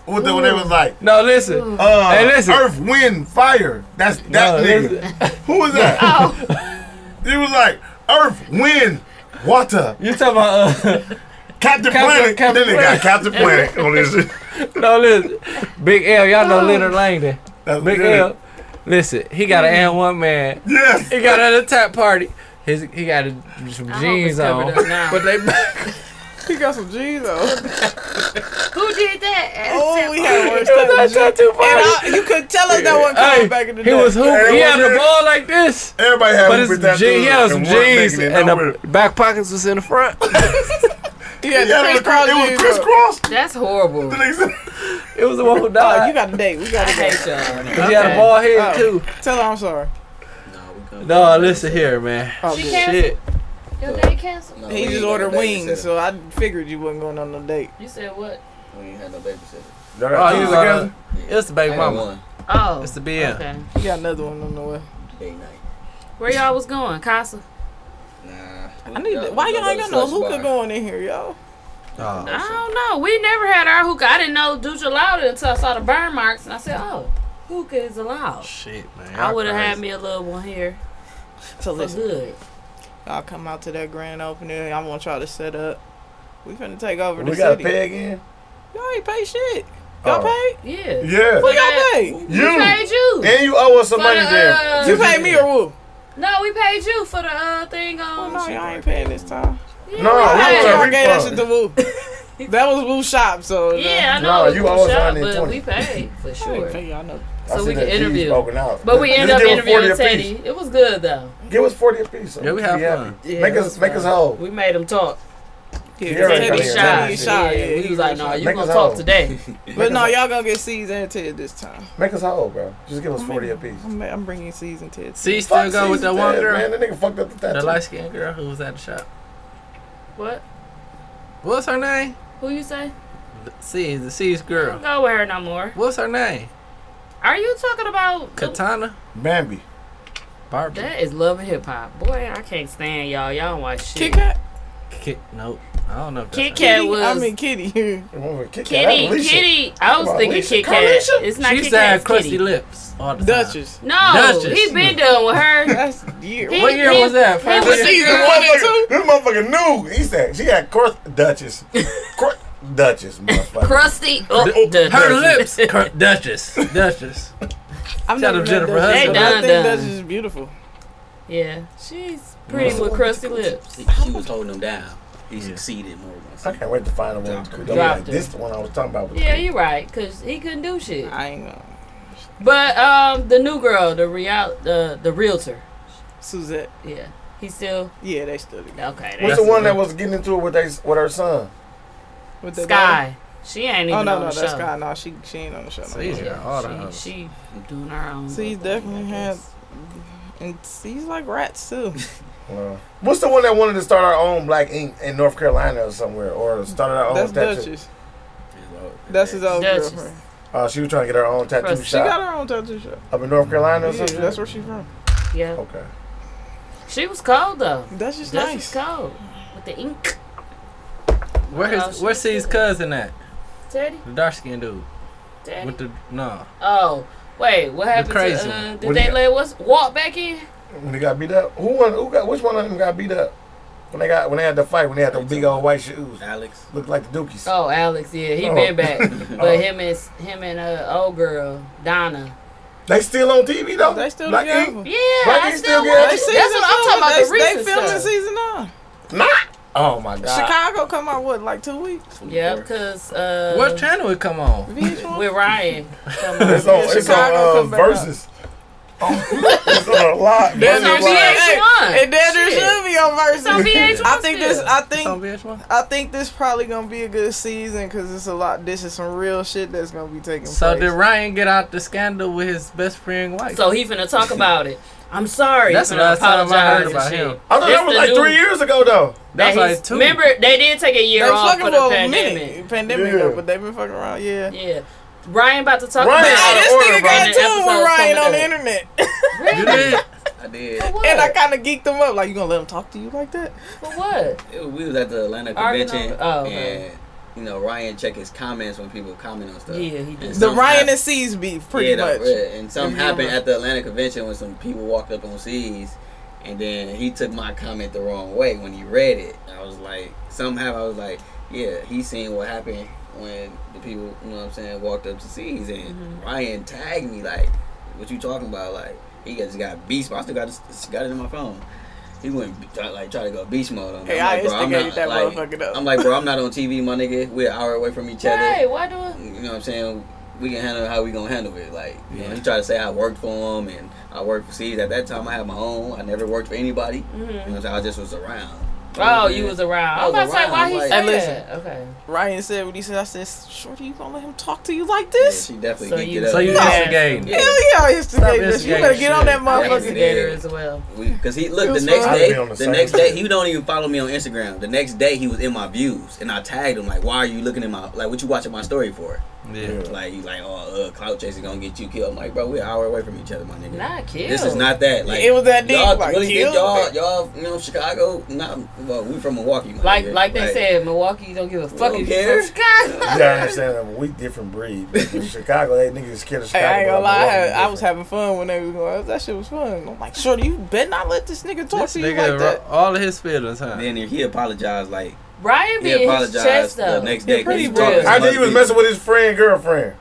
[SPEAKER 4] What the, when they was like,
[SPEAKER 8] no, listen.
[SPEAKER 4] uh,
[SPEAKER 8] Hey, listen.
[SPEAKER 4] earth, wind, fire. That's that
[SPEAKER 8] No,
[SPEAKER 4] nigga. Who was that?
[SPEAKER 6] Oh.
[SPEAKER 4] He was like, earth, wind, water,
[SPEAKER 8] You talking about uh, [laughs]
[SPEAKER 4] Captain,
[SPEAKER 8] Captain-
[SPEAKER 4] Planet.
[SPEAKER 8] Captain
[SPEAKER 4] then they got Captain Planet on this shit.
[SPEAKER 8] no? Listen, Big L. Y'all
[SPEAKER 6] Oh.
[SPEAKER 8] know Leonard Langdon.
[SPEAKER 4] That's
[SPEAKER 8] Big
[SPEAKER 4] good.
[SPEAKER 8] L. Listen, he got an and one man.
[SPEAKER 4] Yes.
[SPEAKER 8] He got at a tap party. His he got a, some
[SPEAKER 6] I hope
[SPEAKER 8] jeans
[SPEAKER 6] it's covered
[SPEAKER 8] on, [laughs]
[SPEAKER 6] up now.
[SPEAKER 8] but they back.
[SPEAKER 9] he got some G's on.
[SPEAKER 6] Who did that?
[SPEAKER 9] [laughs] Oh, we had worse
[SPEAKER 8] It was
[SPEAKER 9] tattoos.
[SPEAKER 8] a tattoo
[SPEAKER 9] And
[SPEAKER 8] party.
[SPEAKER 9] I, you could tell us that one
[SPEAKER 8] Hey,
[SPEAKER 9] coming back in the day.
[SPEAKER 8] he was hooping. He had
[SPEAKER 4] Everyone
[SPEAKER 8] the ball like this,
[SPEAKER 4] Everybody had
[SPEAKER 8] but
[SPEAKER 4] Hooper
[SPEAKER 8] his jeans, he had
[SPEAKER 4] tattoos
[SPEAKER 8] some
[SPEAKER 4] and one
[SPEAKER 8] jeans,
[SPEAKER 4] nigga that
[SPEAKER 8] and
[SPEAKER 4] know
[SPEAKER 8] the
[SPEAKER 4] it.
[SPEAKER 8] back pockets was in the front.
[SPEAKER 9] He had
[SPEAKER 4] Yeah,
[SPEAKER 9] the
[SPEAKER 4] it was
[SPEAKER 9] crisscross
[SPEAKER 4] it was
[SPEAKER 9] G's on.
[SPEAKER 4] crisscross.
[SPEAKER 6] That's horrible.
[SPEAKER 4] The nigga said-
[SPEAKER 8] It was the one who
[SPEAKER 9] Oh, you
[SPEAKER 8] died.
[SPEAKER 9] got a date. We got a date.
[SPEAKER 8] But He had a bald head
[SPEAKER 9] Oh.
[SPEAKER 8] too.
[SPEAKER 9] Tell her I'm sorry.
[SPEAKER 8] No, listen here, man.
[SPEAKER 9] Oh,
[SPEAKER 6] She
[SPEAKER 9] good.
[SPEAKER 6] canceled.
[SPEAKER 8] Shit.
[SPEAKER 6] Your day canceled.
[SPEAKER 10] No, we
[SPEAKER 9] He
[SPEAKER 10] ain't
[SPEAKER 9] just
[SPEAKER 10] got
[SPEAKER 9] ordered
[SPEAKER 10] no
[SPEAKER 9] wings,
[SPEAKER 10] babysitter.
[SPEAKER 9] so I figured you wasn't going on no date.
[SPEAKER 6] You said what?
[SPEAKER 10] We ain't had no babysitter.
[SPEAKER 8] Oh,
[SPEAKER 4] Y'all
[SPEAKER 8] you
[SPEAKER 4] got
[SPEAKER 8] got
[SPEAKER 4] together?
[SPEAKER 8] It's the baby
[SPEAKER 10] I got
[SPEAKER 8] mama.
[SPEAKER 10] one
[SPEAKER 6] Oh,
[SPEAKER 8] It's the BM.
[SPEAKER 6] okay.
[SPEAKER 9] You got another one on the way.
[SPEAKER 10] date night.
[SPEAKER 6] Where y'all was going, Casa?
[SPEAKER 10] Nah.
[SPEAKER 9] I need.
[SPEAKER 10] Y'all-
[SPEAKER 9] To, why y'all ain't got no
[SPEAKER 10] to the
[SPEAKER 9] hookah
[SPEAKER 10] slush
[SPEAKER 9] going in here, yo?
[SPEAKER 10] bar.
[SPEAKER 6] I don't know. We never had our hookah. I didn't know Ducha allowed it until I saw the burn marks, and I said, "Oh, hookah is allowed."
[SPEAKER 8] Shit, man.
[SPEAKER 6] I would have had me a little one here
[SPEAKER 9] So
[SPEAKER 6] for
[SPEAKER 9] listen,
[SPEAKER 6] good.
[SPEAKER 9] y'all come out to that grand opening. I want y'all to set up. We finna take
[SPEAKER 4] [laughs]
[SPEAKER 9] over
[SPEAKER 4] We
[SPEAKER 9] the
[SPEAKER 4] got to
[SPEAKER 9] city.
[SPEAKER 4] pay again.
[SPEAKER 9] Y'all ain't pay shit. Y'all
[SPEAKER 4] Oh.
[SPEAKER 9] paid?
[SPEAKER 6] Yeah.
[SPEAKER 4] Yeah.
[SPEAKER 9] What y'all
[SPEAKER 6] Yeah.
[SPEAKER 9] paid?
[SPEAKER 6] We paid you.
[SPEAKER 4] And you owe us some
[SPEAKER 6] For
[SPEAKER 4] money
[SPEAKER 6] the,
[SPEAKER 4] there.
[SPEAKER 6] uh,
[SPEAKER 9] You paid me or who?
[SPEAKER 6] no, we paid you for the uh, thing
[SPEAKER 9] Oh,
[SPEAKER 6] on.
[SPEAKER 9] no, y'all ain't paying this time.
[SPEAKER 6] Yeah,
[SPEAKER 4] No,
[SPEAKER 6] we
[SPEAKER 4] we
[SPEAKER 6] paid.
[SPEAKER 4] were-
[SPEAKER 9] Y'all gave that shit to Woo. That was Woo's shop, so uh,
[SPEAKER 6] Yeah, I
[SPEAKER 4] No,
[SPEAKER 6] know. it was
[SPEAKER 4] you
[SPEAKER 6] cool
[SPEAKER 4] always
[SPEAKER 6] shop,
[SPEAKER 4] on it
[SPEAKER 6] but
[SPEAKER 4] 20.
[SPEAKER 6] we
[SPEAKER 4] [laughs]
[SPEAKER 6] paid for
[SPEAKER 9] I ain't
[SPEAKER 6] sure.
[SPEAKER 9] pay y'all no.
[SPEAKER 4] I
[SPEAKER 6] so
[SPEAKER 4] see
[SPEAKER 6] we
[SPEAKER 4] that
[SPEAKER 6] can
[SPEAKER 4] G's
[SPEAKER 6] interview.
[SPEAKER 4] smoking out.
[SPEAKER 6] But we
[SPEAKER 4] Just
[SPEAKER 6] end up
[SPEAKER 4] give us 40
[SPEAKER 6] interviewing
[SPEAKER 4] apiece.
[SPEAKER 6] Teddy. It was good though.
[SPEAKER 4] Give us 40 apiece. so
[SPEAKER 8] Yeah, we have
[SPEAKER 4] be happy.
[SPEAKER 8] fun.
[SPEAKER 6] Yeah,
[SPEAKER 4] make
[SPEAKER 6] it
[SPEAKER 4] us
[SPEAKER 6] was
[SPEAKER 4] make
[SPEAKER 6] fun.
[SPEAKER 4] us whole.
[SPEAKER 6] We made him talk.
[SPEAKER 9] Yeah,
[SPEAKER 4] Here I
[SPEAKER 9] Teddy
[SPEAKER 4] come.
[SPEAKER 9] shy.
[SPEAKER 4] Teddy
[SPEAKER 9] Teddy
[SPEAKER 4] shy.
[SPEAKER 9] shy. Yeah,
[SPEAKER 6] we was like, "No, nah, you
[SPEAKER 4] Make
[SPEAKER 6] gonna
[SPEAKER 4] us
[SPEAKER 6] talk
[SPEAKER 4] all. [laughs]
[SPEAKER 6] today."
[SPEAKER 9] But no, y'all gonna get C's and Ted this time.
[SPEAKER 4] Make us whole, bro. Just give us 40 apiece.
[SPEAKER 9] I'm, I'm bringing C's and Ted.
[SPEAKER 8] See, still go with that
[SPEAKER 4] Caesar's
[SPEAKER 8] one
[SPEAKER 4] dead,
[SPEAKER 8] girl,
[SPEAKER 4] Man, that nigga fucked up the
[SPEAKER 8] the
[SPEAKER 4] tattoo.
[SPEAKER 8] light skinned girl who was at the shop.
[SPEAKER 6] what?
[SPEAKER 8] What's her name?
[SPEAKER 6] Who you say?
[SPEAKER 8] See, the C's
[SPEAKER 6] Don't
[SPEAKER 8] girl.
[SPEAKER 6] go with her no more.
[SPEAKER 8] What's her name?
[SPEAKER 6] Are you talking about? the-
[SPEAKER 8] Katana
[SPEAKER 4] Bambi.
[SPEAKER 8] Barbie.
[SPEAKER 6] that is love and hip hop, boy. I can't stand y'all. Y'all don't watch shit.
[SPEAKER 9] Kit Kat?
[SPEAKER 8] Kit, nope. I don't know. If that's
[SPEAKER 6] Kit
[SPEAKER 8] her name.
[SPEAKER 6] Kat
[SPEAKER 9] Kitty?
[SPEAKER 6] was
[SPEAKER 9] I mean, Kitty. [laughs]
[SPEAKER 4] That woman Kit Kat,
[SPEAKER 6] Kitty.
[SPEAKER 4] that's Alicia.
[SPEAKER 6] Kitty. I was
[SPEAKER 4] Come on,
[SPEAKER 6] thinking
[SPEAKER 4] Alicia.
[SPEAKER 6] Kit Kat.
[SPEAKER 4] Alicia?
[SPEAKER 6] It's not
[SPEAKER 8] She
[SPEAKER 6] Kit
[SPEAKER 8] used to
[SPEAKER 6] Kat.
[SPEAKER 8] have
[SPEAKER 6] It's Kitty.
[SPEAKER 8] crusty lips all the time.
[SPEAKER 9] Duchess.
[SPEAKER 6] No,
[SPEAKER 8] Duchess.
[SPEAKER 6] he been done with her.
[SPEAKER 9] That's yeah.
[SPEAKER 6] He-
[SPEAKER 9] What?
[SPEAKER 8] What year
[SPEAKER 6] he-
[SPEAKER 8] was that?
[SPEAKER 6] he
[SPEAKER 8] First
[SPEAKER 6] was
[SPEAKER 8] year?
[SPEAKER 6] a
[SPEAKER 4] This
[SPEAKER 6] girl.
[SPEAKER 4] motherfucker, [laughs] this motherfucker knew. He said she had crust Duchess. Crust Duchess, motherfucker.
[SPEAKER 6] crusty. Oh, the-
[SPEAKER 8] Her lips. [laughs] Cur- Duchess. Duchess.
[SPEAKER 9] I'm
[SPEAKER 8] Shout
[SPEAKER 9] not
[SPEAKER 8] out Jennifer Hudson.
[SPEAKER 9] Duchess, but I
[SPEAKER 6] They
[SPEAKER 9] think
[SPEAKER 6] done
[SPEAKER 9] Duchess
[SPEAKER 6] done.
[SPEAKER 9] is beautiful.
[SPEAKER 6] Yeah, she's pretty with crusty lips.
[SPEAKER 10] She, she was holding him down. He succeeded more
[SPEAKER 4] I
[SPEAKER 10] than
[SPEAKER 4] can't wait to find the one. Cool.
[SPEAKER 6] Dropped
[SPEAKER 4] Like,
[SPEAKER 6] her.
[SPEAKER 4] this the one I was talking about. Was
[SPEAKER 6] Yeah,
[SPEAKER 4] cool.
[SPEAKER 6] you're right, cause he couldn't do shit.
[SPEAKER 9] I ain't know.
[SPEAKER 6] But um, the new girl, the real, the the realtor.
[SPEAKER 9] Suzette.
[SPEAKER 6] Yeah, he still
[SPEAKER 9] Yeah, they still together.
[SPEAKER 6] okay.
[SPEAKER 4] What's
[SPEAKER 6] that's-
[SPEAKER 4] the one that was getting into it with they, with her son?
[SPEAKER 9] With that lady?
[SPEAKER 6] Sky? She ain't even
[SPEAKER 9] Oh no,
[SPEAKER 6] on
[SPEAKER 9] no,
[SPEAKER 6] the
[SPEAKER 9] that's
[SPEAKER 6] show.
[SPEAKER 9] Sky. No, she she ain't on the show. No
[SPEAKER 8] See,
[SPEAKER 9] more.
[SPEAKER 8] yeah, all the
[SPEAKER 6] Yeah,
[SPEAKER 8] hoes.
[SPEAKER 6] she, she doing her own.
[SPEAKER 9] So he's
[SPEAKER 6] little thing,
[SPEAKER 9] definitely
[SPEAKER 6] I
[SPEAKER 9] had-
[SPEAKER 6] guess.
[SPEAKER 9] And he's like rats too.
[SPEAKER 4] No. What's the one that wanted to start our own black ink in North Carolina or somewhere, or started
[SPEAKER 7] Oh,
[SPEAKER 4] our own
[SPEAKER 9] That's
[SPEAKER 4] tattoo?
[SPEAKER 9] Duchess.
[SPEAKER 10] one.
[SPEAKER 9] That's his old
[SPEAKER 6] Duchess.
[SPEAKER 9] girlfriend.
[SPEAKER 4] Uh, she was trying to get her own tattoo
[SPEAKER 6] Crusty.
[SPEAKER 9] She
[SPEAKER 4] shop
[SPEAKER 9] got her own tattoo shop.
[SPEAKER 4] up in North Carolina. Or
[SPEAKER 9] Yeah,
[SPEAKER 4] something?
[SPEAKER 9] that's where she from.
[SPEAKER 6] Yeah,
[SPEAKER 4] Okay.
[SPEAKER 6] she was cold though.
[SPEAKER 9] That's just
[SPEAKER 6] That's nice.
[SPEAKER 9] nice.
[SPEAKER 6] cold with the ink.
[SPEAKER 8] Where
[SPEAKER 6] Oh,
[SPEAKER 8] his,
[SPEAKER 6] shit.
[SPEAKER 8] where's C's cousin at?
[SPEAKER 6] Teddy?
[SPEAKER 8] The dark skinned dude.
[SPEAKER 6] Daddy?
[SPEAKER 8] With the no.
[SPEAKER 6] Oh, wait, what happened?
[SPEAKER 8] crazy
[SPEAKER 6] to,
[SPEAKER 8] one.
[SPEAKER 6] uh, did
[SPEAKER 4] What do
[SPEAKER 6] they
[SPEAKER 4] you got?
[SPEAKER 6] let us walk back in?
[SPEAKER 4] When they got beat up, who won? Who got? Which one of them got beat up? When they got when they had the fight when they had the big old white shoes.
[SPEAKER 10] Alex
[SPEAKER 4] looked like the Dookies.
[SPEAKER 6] Oh, Alex, yeah, he
[SPEAKER 4] Oh.
[SPEAKER 6] been
[SPEAKER 4] [laughs]
[SPEAKER 6] back,
[SPEAKER 4] Oh.
[SPEAKER 6] but him and him and uh, old girl Donna.
[SPEAKER 4] They still on TV though. They
[SPEAKER 9] still
[SPEAKER 4] Black
[SPEAKER 9] together.
[SPEAKER 4] Ink?
[SPEAKER 6] Yeah,
[SPEAKER 4] Black
[SPEAKER 6] I
[SPEAKER 4] Ink
[SPEAKER 6] still
[SPEAKER 4] still
[SPEAKER 6] watch.
[SPEAKER 4] good.
[SPEAKER 6] That's what I'm talking about. The
[SPEAKER 9] They, they
[SPEAKER 6] recent
[SPEAKER 9] filming
[SPEAKER 6] stuff.
[SPEAKER 9] season nine.
[SPEAKER 4] Oh my god.
[SPEAKER 9] Chicago come out what like two weeks.
[SPEAKER 6] Yeah, because uh,
[SPEAKER 8] what channel it come on?
[SPEAKER 6] with
[SPEAKER 4] [laughs]
[SPEAKER 6] Ryan.
[SPEAKER 4] It's on. It's on
[SPEAKER 9] Chicago
[SPEAKER 4] uh,
[SPEAKER 9] come back up.
[SPEAKER 4] versus. [laughs] it's on a lot.
[SPEAKER 9] That's
[SPEAKER 4] Versus
[SPEAKER 9] on
[SPEAKER 4] Live.
[SPEAKER 9] VH1.
[SPEAKER 6] Shit.
[SPEAKER 9] And then there should be on versus.
[SPEAKER 6] It's on VH1
[SPEAKER 9] I think this.
[SPEAKER 6] still.
[SPEAKER 9] I think.
[SPEAKER 8] on VH1?
[SPEAKER 9] I think this probably gonna be a good season because it's a lot. This is some real shit that's gonna be taking
[SPEAKER 8] So
[SPEAKER 9] place.
[SPEAKER 8] did Ryan get out the scandal with his best friend wife?
[SPEAKER 6] So he finna talk about it. I'm sorry.
[SPEAKER 8] That's
[SPEAKER 6] He
[SPEAKER 8] the
[SPEAKER 6] finna
[SPEAKER 8] last time I
[SPEAKER 6] apologize
[SPEAKER 8] heard
[SPEAKER 6] and
[SPEAKER 8] about
[SPEAKER 6] shit.
[SPEAKER 8] him.
[SPEAKER 4] I thought
[SPEAKER 6] It's
[SPEAKER 4] that was
[SPEAKER 6] the
[SPEAKER 4] like
[SPEAKER 6] dude.
[SPEAKER 4] three years ago though.
[SPEAKER 8] That was
[SPEAKER 6] he's-
[SPEAKER 8] like two.
[SPEAKER 6] Remember, they did take a
[SPEAKER 9] they
[SPEAKER 6] year off
[SPEAKER 9] fucking
[SPEAKER 6] for the
[SPEAKER 9] for a
[SPEAKER 6] pandemic.
[SPEAKER 9] minute, pandemic
[SPEAKER 4] Yeah.
[SPEAKER 9] though, but they been fucking around. Yeah.
[SPEAKER 6] Yeah, Ryan about to talk
[SPEAKER 4] Ryan
[SPEAKER 6] about
[SPEAKER 4] out
[SPEAKER 9] Hey,
[SPEAKER 4] of
[SPEAKER 6] it.
[SPEAKER 9] this
[SPEAKER 4] order,
[SPEAKER 9] nigga
[SPEAKER 4] bro.
[SPEAKER 9] got
[SPEAKER 6] And
[SPEAKER 9] tuned with
[SPEAKER 6] episodes
[SPEAKER 9] Ryan
[SPEAKER 6] coming
[SPEAKER 9] on the
[SPEAKER 6] up.
[SPEAKER 9] internet, [laughs]
[SPEAKER 8] You did?
[SPEAKER 10] I did.
[SPEAKER 6] What?
[SPEAKER 9] and I kind of geeked him up. Like, you gonna let him talk to you like that?
[SPEAKER 6] For what?
[SPEAKER 10] It- we was at the Atlanta
[SPEAKER 6] Arguing
[SPEAKER 10] convention,
[SPEAKER 6] over- oh, okay.
[SPEAKER 10] and you know Ryan checked his comments when people comment on stuff.
[SPEAKER 6] Yeah, he did.
[SPEAKER 10] And
[SPEAKER 9] The
[SPEAKER 10] some
[SPEAKER 9] Ryan
[SPEAKER 10] hap-
[SPEAKER 9] and C's beef, pretty
[SPEAKER 10] yeah, the-
[SPEAKER 9] much.
[SPEAKER 10] yeah, and something
[SPEAKER 9] Yeah.
[SPEAKER 10] happened at the Atlanta convention when some people walked up on C's, and then he took my comment the wrong way when he read it. I was like, somehow I was like, yeah, he seen what happened when the people, you know what I'm saying, walked up to C's, and
[SPEAKER 9] Mm-hmm.
[SPEAKER 10] Ryan tagged me like, "What you talking about?" Like he just got beast. mode. I still got this- got it in my phone. He went try, like try to go beast mode on me.
[SPEAKER 9] Hey,
[SPEAKER 10] I'm
[SPEAKER 9] I
[SPEAKER 10] like, bro, I'm
[SPEAKER 9] instigated
[SPEAKER 10] not,
[SPEAKER 9] that
[SPEAKER 10] like,
[SPEAKER 9] motherfucker up.
[SPEAKER 10] I'm like, bro,
[SPEAKER 9] [laughs]
[SPEAKER 10] I'm not on TV, my nigga. We're an hour away from each other.
[SPEAKER 6] Right? Why do I?
[SPEAKER 10] You know what I'm saying? We can handle it how we gonna handle it. Like you know, he tried to say I worked for him and I worked for C's. At that time, I had my own. I never worked for anybody. You know what I'm saying? I just was around. You know what [laughs]
[SPEAKER 6] Oh,
[SPEAKER 10] I'm
[SPEAKER 6] you
[SPEAKER 10] saying?
[SPEAKER 6] was around.
[SPEAKER 10] I
[SPEAKER 6] I
[SPEAKER 10] was
[SPEAKER 6] was about to say why
[SPEAKER 10] around,
[SPEAKER 6] he
[SPEAKER 10] like-
[SPEAKER 6] said
[SPEAKER 9] Hey, listen.
[SPEAKER 6] that. Okay.
[SPEAKER 9] Ryan said what he said. I said, Shorty, you gonna let him talk to you like
[SPEAKER 10] Yeah,
[SPEAKER 9] this?
[SPEAKER 10] she definitely
[SPEAKER 6] So
[SPEAKER 10] geeked
[SPEAKER 6] you-
[SPEAKER 10] it up.
[SPEAKER 8] So you
[SPEAKER 9] No.
[SPEAKER 8] instigating.
[SPEAKER 10] Yeah.
[SPEAKER 9] Hell yeah, I instigated this. You
[SPEAKER 8] instigating
[SPEAKER 9] better get on
[SPEAKER 8] shit.
[SPEAKER 9] that
[SPEAKER 10] I
[SPEAKER 9] motherfucker.
[SPEAKER 6] Instigator
[SPEAKER 10] Yeah.
[SPEAKER 6] as well.
[SPEAKER 10] Because he
[SPEAKER 9] It
[SPEAKER 10] look the
[SPEAKER 9] was
[SPEAKER 10] next
[SPEAKER 9] fun.
[SPEAKER 10] day,
[SPEAKER 4] I'd be on the
[SPEAKER 10] the,
[SPEAKER 4] same
[SPEAKER 10] next day
[SPEAKER 4] shit.
[SPEAKER 10] he don't even follow me on Instagram. The next day he was in my views and I tagged him like, "Why are you looking at my like what you watching my story for?"
[SPEAKER 8] Yeah.
[SPEAKER 10] Like he's like, "Oh, uh, clout chaser gonna get you killed." I'm like, "Bro, we're an hour away from each other, my nigga."
[SPEAKER 6] Not killed.
[SPEAKER 10] This is not that. Like
[SPEAKER 9] It was that deep,
[SPEAKER 10] Y'all
[SPEAKER 9] like,
[SPEAKER 10] really think
[SPEAKER 9] killed
[SPEAKER 10] y'all,
[SPEAKER 9] me.
[SPEAKER 10] y'all, you know, Chicago. Not well, we from Milwaukee. my
[SPEAKER 6] Like
[SPEAKER 10] nigga.
[SPEAKER 6] like they said, Milwaukee don't give a fuck
[SPEAKER 10] don't
[SPEAKER 6] if
[SPEAKER 10] care.
[SPEAKER 6] you're from Chicago.
[SPEAKER 4] You gotta understand that we different
[SPEAKER 9] [laughs]
[SPEAKER 4] breed. In Chicago, they niggas scared of
[SPEAKER 9] Hey,
[SPEAKER 4] Chicago.
[SPEAKER 9] I ain't
[SPEAKER 4] but
[SPEAKER 9] gonna lie, I, had-
[SPEAKER 4] Milwaukee
[SPEAKER 9] I was
[SPEAKER 4] different.
[SPEAKER 9] having fun when they was going. up. That shit was fun. I'm like, Shorty, you better not let this nigga talk
[SPEAKER 8] This
[SPEAKER 9] to you
[SPEAKER 8] nigga
[SPEAKER 9] like that.
[SPEAKER 8] ro- all of his feelings, huh?
[SPEAKER 10] Then he apologized. Like
[SPEAKER 6] Ryan
[SPEAKER 10] he
[SPEAKER 6] be in his
[SPEAKER 10] apologized
[SPEAKER 6] chest
[SPEAKER 10] the
[SPEAKER 6] though.
[SPEAKER 10] next day. 'cause
[SPEAKER 6] pretty
[SPEAKER 10] he talking
[SPEAKER 6] real.
[SPEAKER 10] to
[SPEAKER 4] I think he was
[SPEAKER 10] other
[SPEAKER 4] messing with his friend, girlfriend.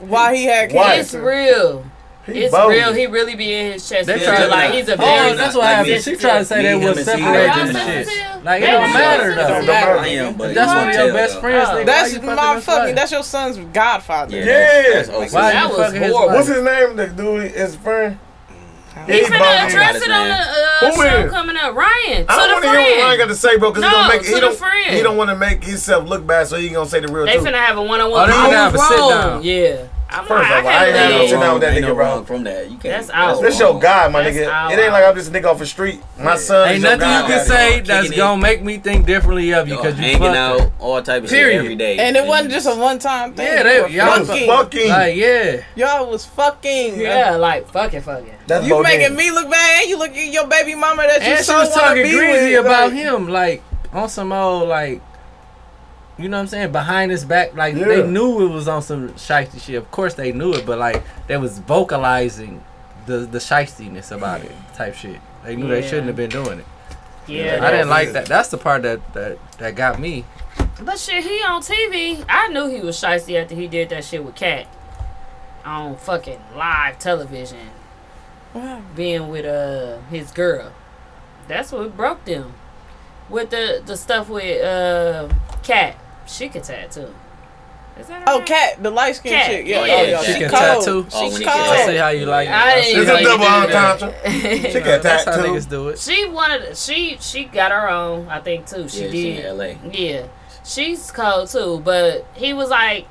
[SPEAKER 9] Why he had
[SPEAKER 4] Why?
[SPEAKER 9] kids?
[SPEAKER 6] It's real.
[SPEAKER 4] He
[SPEAKER 6] It's
[SPEAKER 4] bogus.
[SPEAKER 6] real. He really be in his chest.
[SPEAKER 8] They
[SPEAKER 6] feel
[SPEAKER 8] tried to-
[SPEAKER 6] like he's a
[SPEAKER 8] Oh,
[SPEAKER 6] very.
[SPEAKER 8] that's what
[SPEAKER 10] Like
[SPEAKER 8] happened.
[SPEAKER 10] this.
[SPEAKER 8] She tried to say they
[SPEAKER 10] Me,
[SPEAKER 8] were
[SPEAKER 10] him, and C's.
[SPEAKER 8] separated
[SPEAKER 10] Y'all
[SPEAKER 8] and shit.
[SPEAKER 6] sensitive?
[SPEAKER 8] Like it
[SPEAKER 6] They
[SPEAKER 8] don't
[SPEAKER 6] not
[SPEAKER 8] matter
[SPEAKER 6] sensitive.
[SPEAKER 8] though.
[SPEAKER 4] Don't matter.
[SPEAKER 8] Like,
[SPEAKER 10] people. I am, but
[SPEAKER 8] If That's
[SPEAKER 10] you
[SPEAKER 8] one of
[SPEAKER 10] wanna
[SPEAKER 8] your
[SPEAKER 10] tell,
[SPEAKER 8] best
[SPEAKER 10] though.
[SPEAKER 8] friends.
[SPEAKER 6] Oh.
[SPEAKER 8] nigga. Why
[SPEAKER 9] That's
[SPEAKER 8] you
[SPEAKER 9] my fucking.
[SPEAKER 8] fucking.
[SPEAKER 9] That's your son's godfather.
[SPEAKER 10] Yeah,
[SPEAKER 4] Yeah.
[SPEAKER 10] that's, that's OC.
[SPEAKER 8] Why
[SPEAKER 6] That
[SPEAKER 8] you
[SPEAKER 6] was
[SPEAKER 8] fucking his
[SPEAKER 6] horrible.
[SPEAKER 8] wife?
[SPEAKER 4] What's his name? The dude, his friend.
[SPEAKER 6] Mm. He's
[SPEAKER 4] He bugged
[SPEAKER 6] gonna
[SPEAKER 4] me.
[SPEAKER 6] address it on the uh,
[SPEAKER 4] Who
[SPEAKER 6] show
[SPEAKER 4] is?
[SPEAKER 6] coming up. Ryan, to
[SPEAKER 4] I don't
[SPEAKER 6] the
[SPEAKER 4] want to hear what Ryan got
[SPEAKER 6] friend.
[SPEAKER 4] to say, bro, because
[SPEAKER 6] No,
[SPEAKER 4] gonna make
[SPEAKER 6] to
[SPEAKER 4] he
[SPEAKER 6] the
[SPEAKER 4] don't
[SPEAKER 6] friend.
[SPEAKER 4] he don't want to make himself look bad, so he gonna say the real
[SPEAKER 6] They
[SPEAKER 4] truth.
[SPEAKER 6] finna have a one on
[SPEAKER 8] Oh,
[SPEAKER 6] one.
[SPEAKER 8] they finna have a sit-down.
[SPEAKER 6] Yeah. I'm
[SPEAKER 4] First
[SPEAKER 6] like,
[SPEAKER 4] of all,
[SPEAKER 6] I
[SPEAKER 4] I ain't had
[SPEAKER 6] can't
[SPEAKER 4] no
[SPEAKER 6] believe.
[SPEAKER 4] sit-down. with that
[SPEAKER 10] Ain't no
[SPEAKER 4] nigga, bro.
[SPEAKER 10] wrong from that. You can't.
[SPEAKER 6] That's out.
[SPEAKER 4] This your
[SPEAKER 10] wrong.
[SPEAKER 4] guy, my
[SPEAKER 6] That's
[SPEAKER 4] nigga.
[SPEAKER 6] our
[SPEAKER 4] It ain't
[SPEAKER 6] line.
[SPEAKER 4] like I'm just a nigga off the street. My
[SPEAKER 10] Yeah.
[SPEAKER 4] son.
[SPEAKER 8] Ain't
[SPEAKER 4] is your
[SPEAKER 8] nothing
[SPEAKER 4] guy,
[SPEAKER 8] you can
[SPEAKER 4] bro.
[SPEAKER 8] say
[SPEAKER 10] Kicking
[SPEAKER 8] that's
[SPEAKER 10] it.
[SPEAKER 8] gonna make me think differently of you
[SPEAKER 10] Y'all
[SPEAKER 8] because you
[SPEAKER 10] hanging
[SPEAKER 8] fucked her.
[SPEAKER 10] out, all type of shit
[SPEAKER 8] Period.
[SPEAKER 10] every day.
[SPEAKER 9] And it wasn't just a one time thing.
[SPEAKER 8] Yeah, they-
[SPEAKER 9] You were
[SPEAKER 8] y'all was
[SPEAKER 9] fucking.
[SPEAKER 4] Fucking.
[SPEAKER 8] Like yeah,
[SPEAKER 9] Y'all was fucking.
[SPEAKER 6] Yeah, like fuck it, fuck it.
[SPEAKER 4] That's
[SPEAKER 9] You
[SPEAKER 4] Bodine.
[SPEAKER 9] making me look bad. and You look at your baby mama that you
[SPEAKER 8] and she
[SPEAKER 9] so
[SPEAKER 8] was
[SPEAKER 9] wanna
[SPEAKER 8] talking
[SPEAKER 9] be
[SPEAKER 8] greasy
[SPEAKER 9] with,
[SPEAKER 8] about
[SPEAKER 9] like,
[SPEAKER 8] him, like on some old like, you know what I'm saying, behind his back. Like
[SPEAKER 4] Yeah.
[SPEAKER 8] they knew it was on some shiesty shit. Of course they knew it, but like they was vocalizing the the shiestiness about it, type shit. They knew they
[SPEAKER 6] Yeah.
[SPEAKER 8] shouldn't have been doing it.
[SPEAKER 6] Yeah.
[SPEAKER 8] I didn't like that. That's the part that that that got me.
[SPEAKER 6] But shit, he on TV. I knew he was shicey after he did that shit with Cat on fucking live television,
[SPEAKER 9] Wow.
[SPEAKER 6] being with uh his girl. That's what broke them. With the the stuff with uh Cat, she could tattoo. Is that her
[SPEAKER 9] Oh,
[SPEAKER 6] name?
[SPEAKER 9] cat, the light skin
[SPEAKER 6] Cat,
[SPEAKER 9] chick.
[SPEAKER 6] yeah.
[SPEAKER 9] Yeah, yeah, yeah.
[SPEAKER 8] She
[SPEAKER 9] She,
[SPEAKER 8] can tattoo.
[SPEAKER 9] cold.
[SPEAKER 10] Oh,
[SPEAKER 9] She's
[SPEAKER 10] when he
[SPEAKER 9] cold.
[SPEAKER 10] can
[SPEAKER 8] I see how you like. it.
[SPEAKER 6] I
[SPEAKER 8] I see
[SPEAKER 6] didn't
[SPEAKER 4] It's
[SPEAKER 8] how
[SPEAKER 4] a
[SPEAKER 8] you
[SPEAKER 4] double
[SPEAKER 8] do that.
[SPEAKER 4] entendre.
[SPEAKER 6] [laughs]
[SPEAKER 4] She got
[SPEAKER 8] That's how
[SPEAKER 4] tattooed.
[SPEAKER 8] niggas do it.
[SPEAKER 6] She wanted. She she got her own. I think too. She
[SPEAKER 10] Yeah,
[SPEAKER 6] did.
[SPEAKER 10] she in LA.
[SPEAKER 6] Yeah, she's cold too. But he was like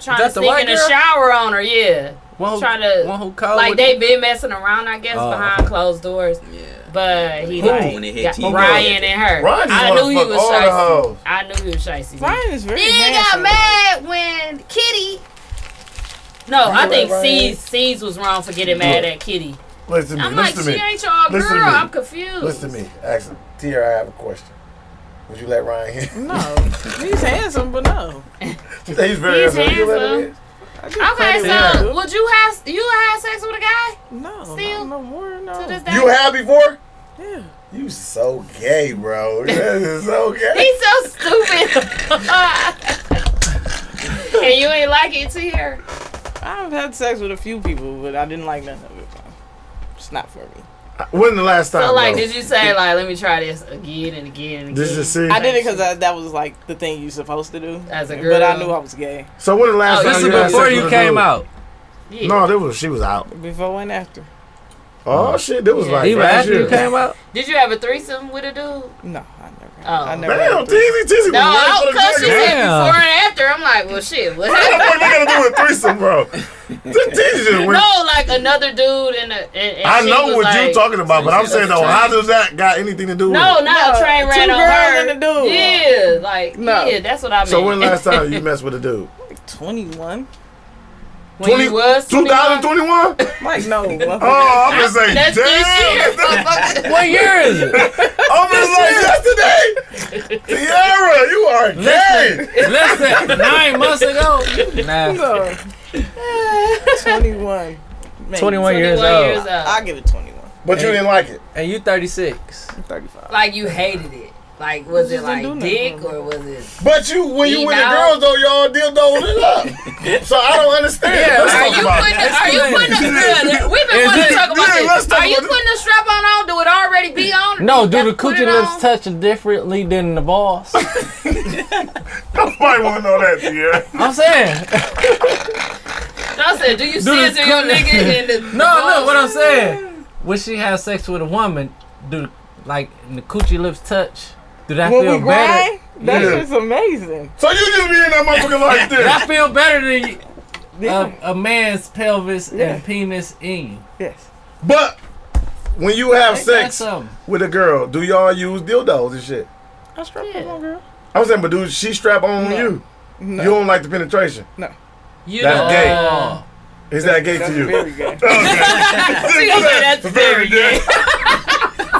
[SPEAKER 6] trying to
[SPEAKER 8] that the
[SPEAKER 6] sneak
[SPEAKER 8] white
[SPEAKER 6] in the
[SPEAKER 8] girl?
[SPEAKER 6] shower on her. Yeah,
[SPEAKER 8] One who,
[SPEAKER 6] Trying to-
[SPEAKER 8] one who cold
[SPEAKER 6] like
[SPEAKER 8] with
[SPEAKER 6] they been messing around, I guess,
[SPEAKER 8] Oh.
[SPEAKER 6] behind closed doors.
[SPEAKER 10] Yeah.
[SPEAKER 6] But he
[SPEAKER 10] Who?
[SPEAKER 6] like
[SPEAKER 10] When it hit
[SPEAKER 6] got
[SPEAKER 10] TV.
[SPEAKER 6] Ryan and her.
[SPEAKER 4] Ryan just
[SPEAKER 6] I
[SPEAKER 4] wanna
[SPEAKER 6] knew he
[SPEAKER 4] fuck
[SPEAKER 6] was
[SPEAKER 4] all the
[SPEAKER 6] shicey.
[SPEAKER 4] hoes.
[SPEAKER 6] I knew he was shicey.
[SPEAKER 9] Ryan is very
[SPEAKER 6] Then got
[SPEAKER 9] handsome.
[SPEAKER 6] mad when Kitty. No, I think C's C's was wrong for getting mad at Kitty.
[SPEAKER 4] Listen to me.
[SPEAKER 6] I'm like,
[SPEAKER 4] Listen to
[SPEAKER 6] she
[SPEAKER 4] me.
[SPEAKER 6] ain't y'all
[SPEAKER 4] Listen to
[SPEAKER 6] girl.
[SPEAKER 4] me.
[SPEAKER 6] I'm confused.
[SPEAKER 4] Listen to me. Actually, Tierra, I have a question. Would you let Ryan hit?
[SPEAKER 9] No, he's handsome, but no.
[SPEAKER 4] He's very
[SPEAKER 6] He's
[SPEAKER 4] handsome. Would you let him hit?
[SPEAKER 6] handsome. Okay, so would you have you have sex with a guy?
[SPEAKER 9] No,
[SPEAKER 6] still
[SPEAKER 9] no, more. No.
[SPEAKER 6] To this day,
[SPEAKER 4] You [laughs] have before?
[SPEAKER 9] Yeah.
[SPEAKER 4] You so gay, bro. This is so gay.
[SPEAKER 6] He's so stupid.
[SPEAKER 4] [laughs]
[SPEAKER 6] and you ain't like it to her.
[SPEAKER 9] I've had sex with a few people, but I didn't like none of it. It's not for me.
[SPEAKER 4] When the last time?
[SPEAKER 6] So like,
[SPEAKER 4] though?
[SPEAKER 6] did you say like, let me try this again and again and again?
[SPEAKER 4] This is serious.
[SPEAKER 9] I did it because that was like the thing you supposed to do.
[SPEAKER 6] As a
[SPEAKER 9] But I
[SPEAKER 6] girl.
[SPEAKER 9] knew I was gay
[SPEAKER 4] So when the last
[SPEAKER 6] Oh,
[SPEAKER 4] time
[SPEAKER 6] this
[SPEAKER 4] you
[SPEAKER 6] is
[SPEAKER 4] had sex
[SPEAKER 8] Before
[SPEAKER 4] with
[SPEAKER 8] you
[SPEAKER 4] a
[SPEAKER 8] came
[SPEAKER 4] dude?
[SPEAKER 8] out,
[SPEAKER 6] Yeah.
[SPEAKER 4] No, that was she was out.
[SPEAKER 9] before and after.
[SPEAKER 4] Oh shit, that was like
[SPEAKER 8] even
[SPEAKER 4] last
[SPEAKER 8] after
[SPEAKER 4] year.
[SPEAKER 8] you came out,
[SPEAKER 6] Did you have a threesome with a dude? No,
[SPEAKER 9] No, I never.
[SPEAKER 6] Oh.
[SPEAKER 9] I never.
[SPEAKER 4] Damn, Tizzy, Tizzy
[SPEAKER 6] no,
[SPEAKER 4] was
[SPEAKER 6] I-
[SPEAKER 4] right for
[SPEAKER 6] cause
[SPEAKER 4] the
[SPEAKER 6] she
[SPEAKER 4] [laughs]
[SPEAKER 6] said
[SPEAKER 8] Damn.
[SPEAKER 6] before and after. I'm like, well, shit. What
[SPEAKER 4] What the
[SPEAKER 6] happened?
[SPEAKER 4] fuck they gotta do with threesome, [laughs] bro? Tizzy just went.
[SPEAKER 6] No, like another dude and a. And, and
[SPEAKER 4] I
[SPEAKER 6] she
[SPEAKER 4] know
[SPEAKER 6] was
[SPEAKER 4] what
[SPEAKER 6] like,
[SPEAKER 4] you talking about, but I'm
[SPEAKER 13] Tizzy
[SPEAKER 4] saying
[SPEAKER 13] was
[SPEAKER 4] though, how
[SPEAKER 13] trying.
[SPEAKER 4] does that got anything to do with?
[SPEAKER 6] No,
[SPEAKER 4] it?
[SPEAKER 6] not
[SPEAKER 9] No,
[SPEAKER 6] a train ran
[SPEAKER 9] two
[SPEAKER 6] on
[SPEAKER 9] girls
[SPEAKER 6] her.
[SPEAKER 9] and a dude.
[SPEAKER 6] Yeah, like
[SPEAKER 9] No.
[SPEAKER 6] yeah, that's what I mean.
[SPEAKER 4] So when last time [laughs] you messed with a dude?
[SPEAKER 9] Twenty-one.
[SPEAKER 6] When you was 21?
[SPEAKER 4] 2021?
[SPEAKER 9] Like
[SPEAKER 4] [laughs]
[SPEAKER 9] no.
[SPEAKER 4] Oh, I'm gonna say,
[SPEAKER 6] That's
[SPEAKER 4] damn.
[SPEAKER 6] this
[SPEAKER 4] [laughs]
[SPEAKER 6] year.
[SPEAKER 8] what year is it?
[SPEAKER 4] I'm just like yesterday. Tiara, you are gay.
[SPEAKER 8] [laughs] Less than nine months ago. Nah,
[SPEAKER 9] No.
[SPEAKER 4] Oh.
[SPEAKER 9] Twenty-one. Maybe.
[SPEAKER 8] 21 years
[SPEAKER 6] 21
[SPEAKER 8] old,
[SPEAKER 6] years old.
[SPEAKER 9] I'll give it twenty-one.
[SPEAKER 4] But you didn't like it.
[SPEAKER 8] and you 36.
[SPEAKER 9] I'm Thirty-five.
[SPEAKER 6] Like you hated it. Like was it
[SPEAKER 9] Just
[SPEAKER 6] like
[SPEAKER 9] didn't do nothing
[SPEAKER 6] dick
[SPEAKER 9] for me.
[SPEAKER 6] or was it?
[SPEAKER 4] But you, when you
[SPEAKER 6] Eat
[SPEAKER 4] with the
[SPEAKER 6] out.
[SPEAKER 4] girls though, y'all dildoed it up. [laughs] So I don't understand.
[SPEAKER 8] Yeah,
[SPEAKER 4] Let's
[SPEAKER 6] Are
[SPEAKER 4] talk
[SPEAKER 6] you
[SPEAKER 4] about
[SPEAKER 6] putting?
[SPEAKER 4] it.
[SPEAKER 6] Are you putting? a- Girl, We've been
[SPEAKER 8] Is
[SPEAKER 6] wanting to
[SPEAKER 8] it-
[SPEAKER 6] talk about
[SPEAKER 4] yeah, let's
[SPEAKER 6] this.
[SPEAKER 4] talk
[SPEAKER 6] Are you
[SPEAKER 4] about
[SPEAKER 6] putting the strap on on? Do it already be on?
[SPEAKER 8] No,
[SPEAKER 6] do
[SPEAKER 8] do the coochie lips touch differently than the balls?
[SPEAKER 9] [laughs]
[SPEAKER 4] Nobody want to know that, Tiara.
[SPEAKER 8] I'm saying.
[SPEAKER 6] I said, do you
[SPEAKER 8] Do the
[SPEAKER 6] scissor your
[SPEAKER 8] coochie-
[SPEAKER 6] nigga in the?
[SPEAKER 8] [laughs] No, no, what I'm saying. When she has sex with a woman, do like the coochie lips touch? Do that
[SPEAKER 9] When
[SPEAKER 8] feel
[SPEAKER 9] we
[SPEAKER 8] better?
[SPEAKER 9] grind, that
[SPEAKER 4] Yeah.
[SPEAKER 9] shit's amazing.
[SPEAKER 4] So you just be in that motherfucker like
[SPEAKER 8] Did I
[SPEAKER 4] this.
[SPEAKER 8] feel better than
[SPEAKER 9] Yeah.
[SPEAKER 8] a, a man's pelvis
[SPEAKER 9] Yeah.
[SPEAKER 8] and penis in you?
[SPEAKER 9] yes.
[SPEAKER 4] But when you have
[SPEAKER 8] Ain't that
[SPEAKER 4] sex
[SPEAKER 8] something?
[SPEAKER 4] with a girl, do y'all use dildos and shit?
[SPEAKER 9] I strapped yeah. on, girl.
[SPEAKER 4] I'm saying, but do she strap on
[SPEAKER 9] No.
[SPEAKER 4] you?
[SPEAKER 9] No.
[SPEAKER 4] You don't like the penetration.
[SPEAKER 8] You
[SPEAKER 4] That's
[SPEAKER 6] [laughs]
[SPEAKER 8] know-
[SPEAKER 4] gay.
[SPEAKER 8] Oh.
[SPEAKER 4] Is that gay
[SPEAKER 9] That's
[SPEAKER 4] to you?
[SPEAKER 9] very gay.
[SPEAKER 6] She gonna say that's very gay. [laughs]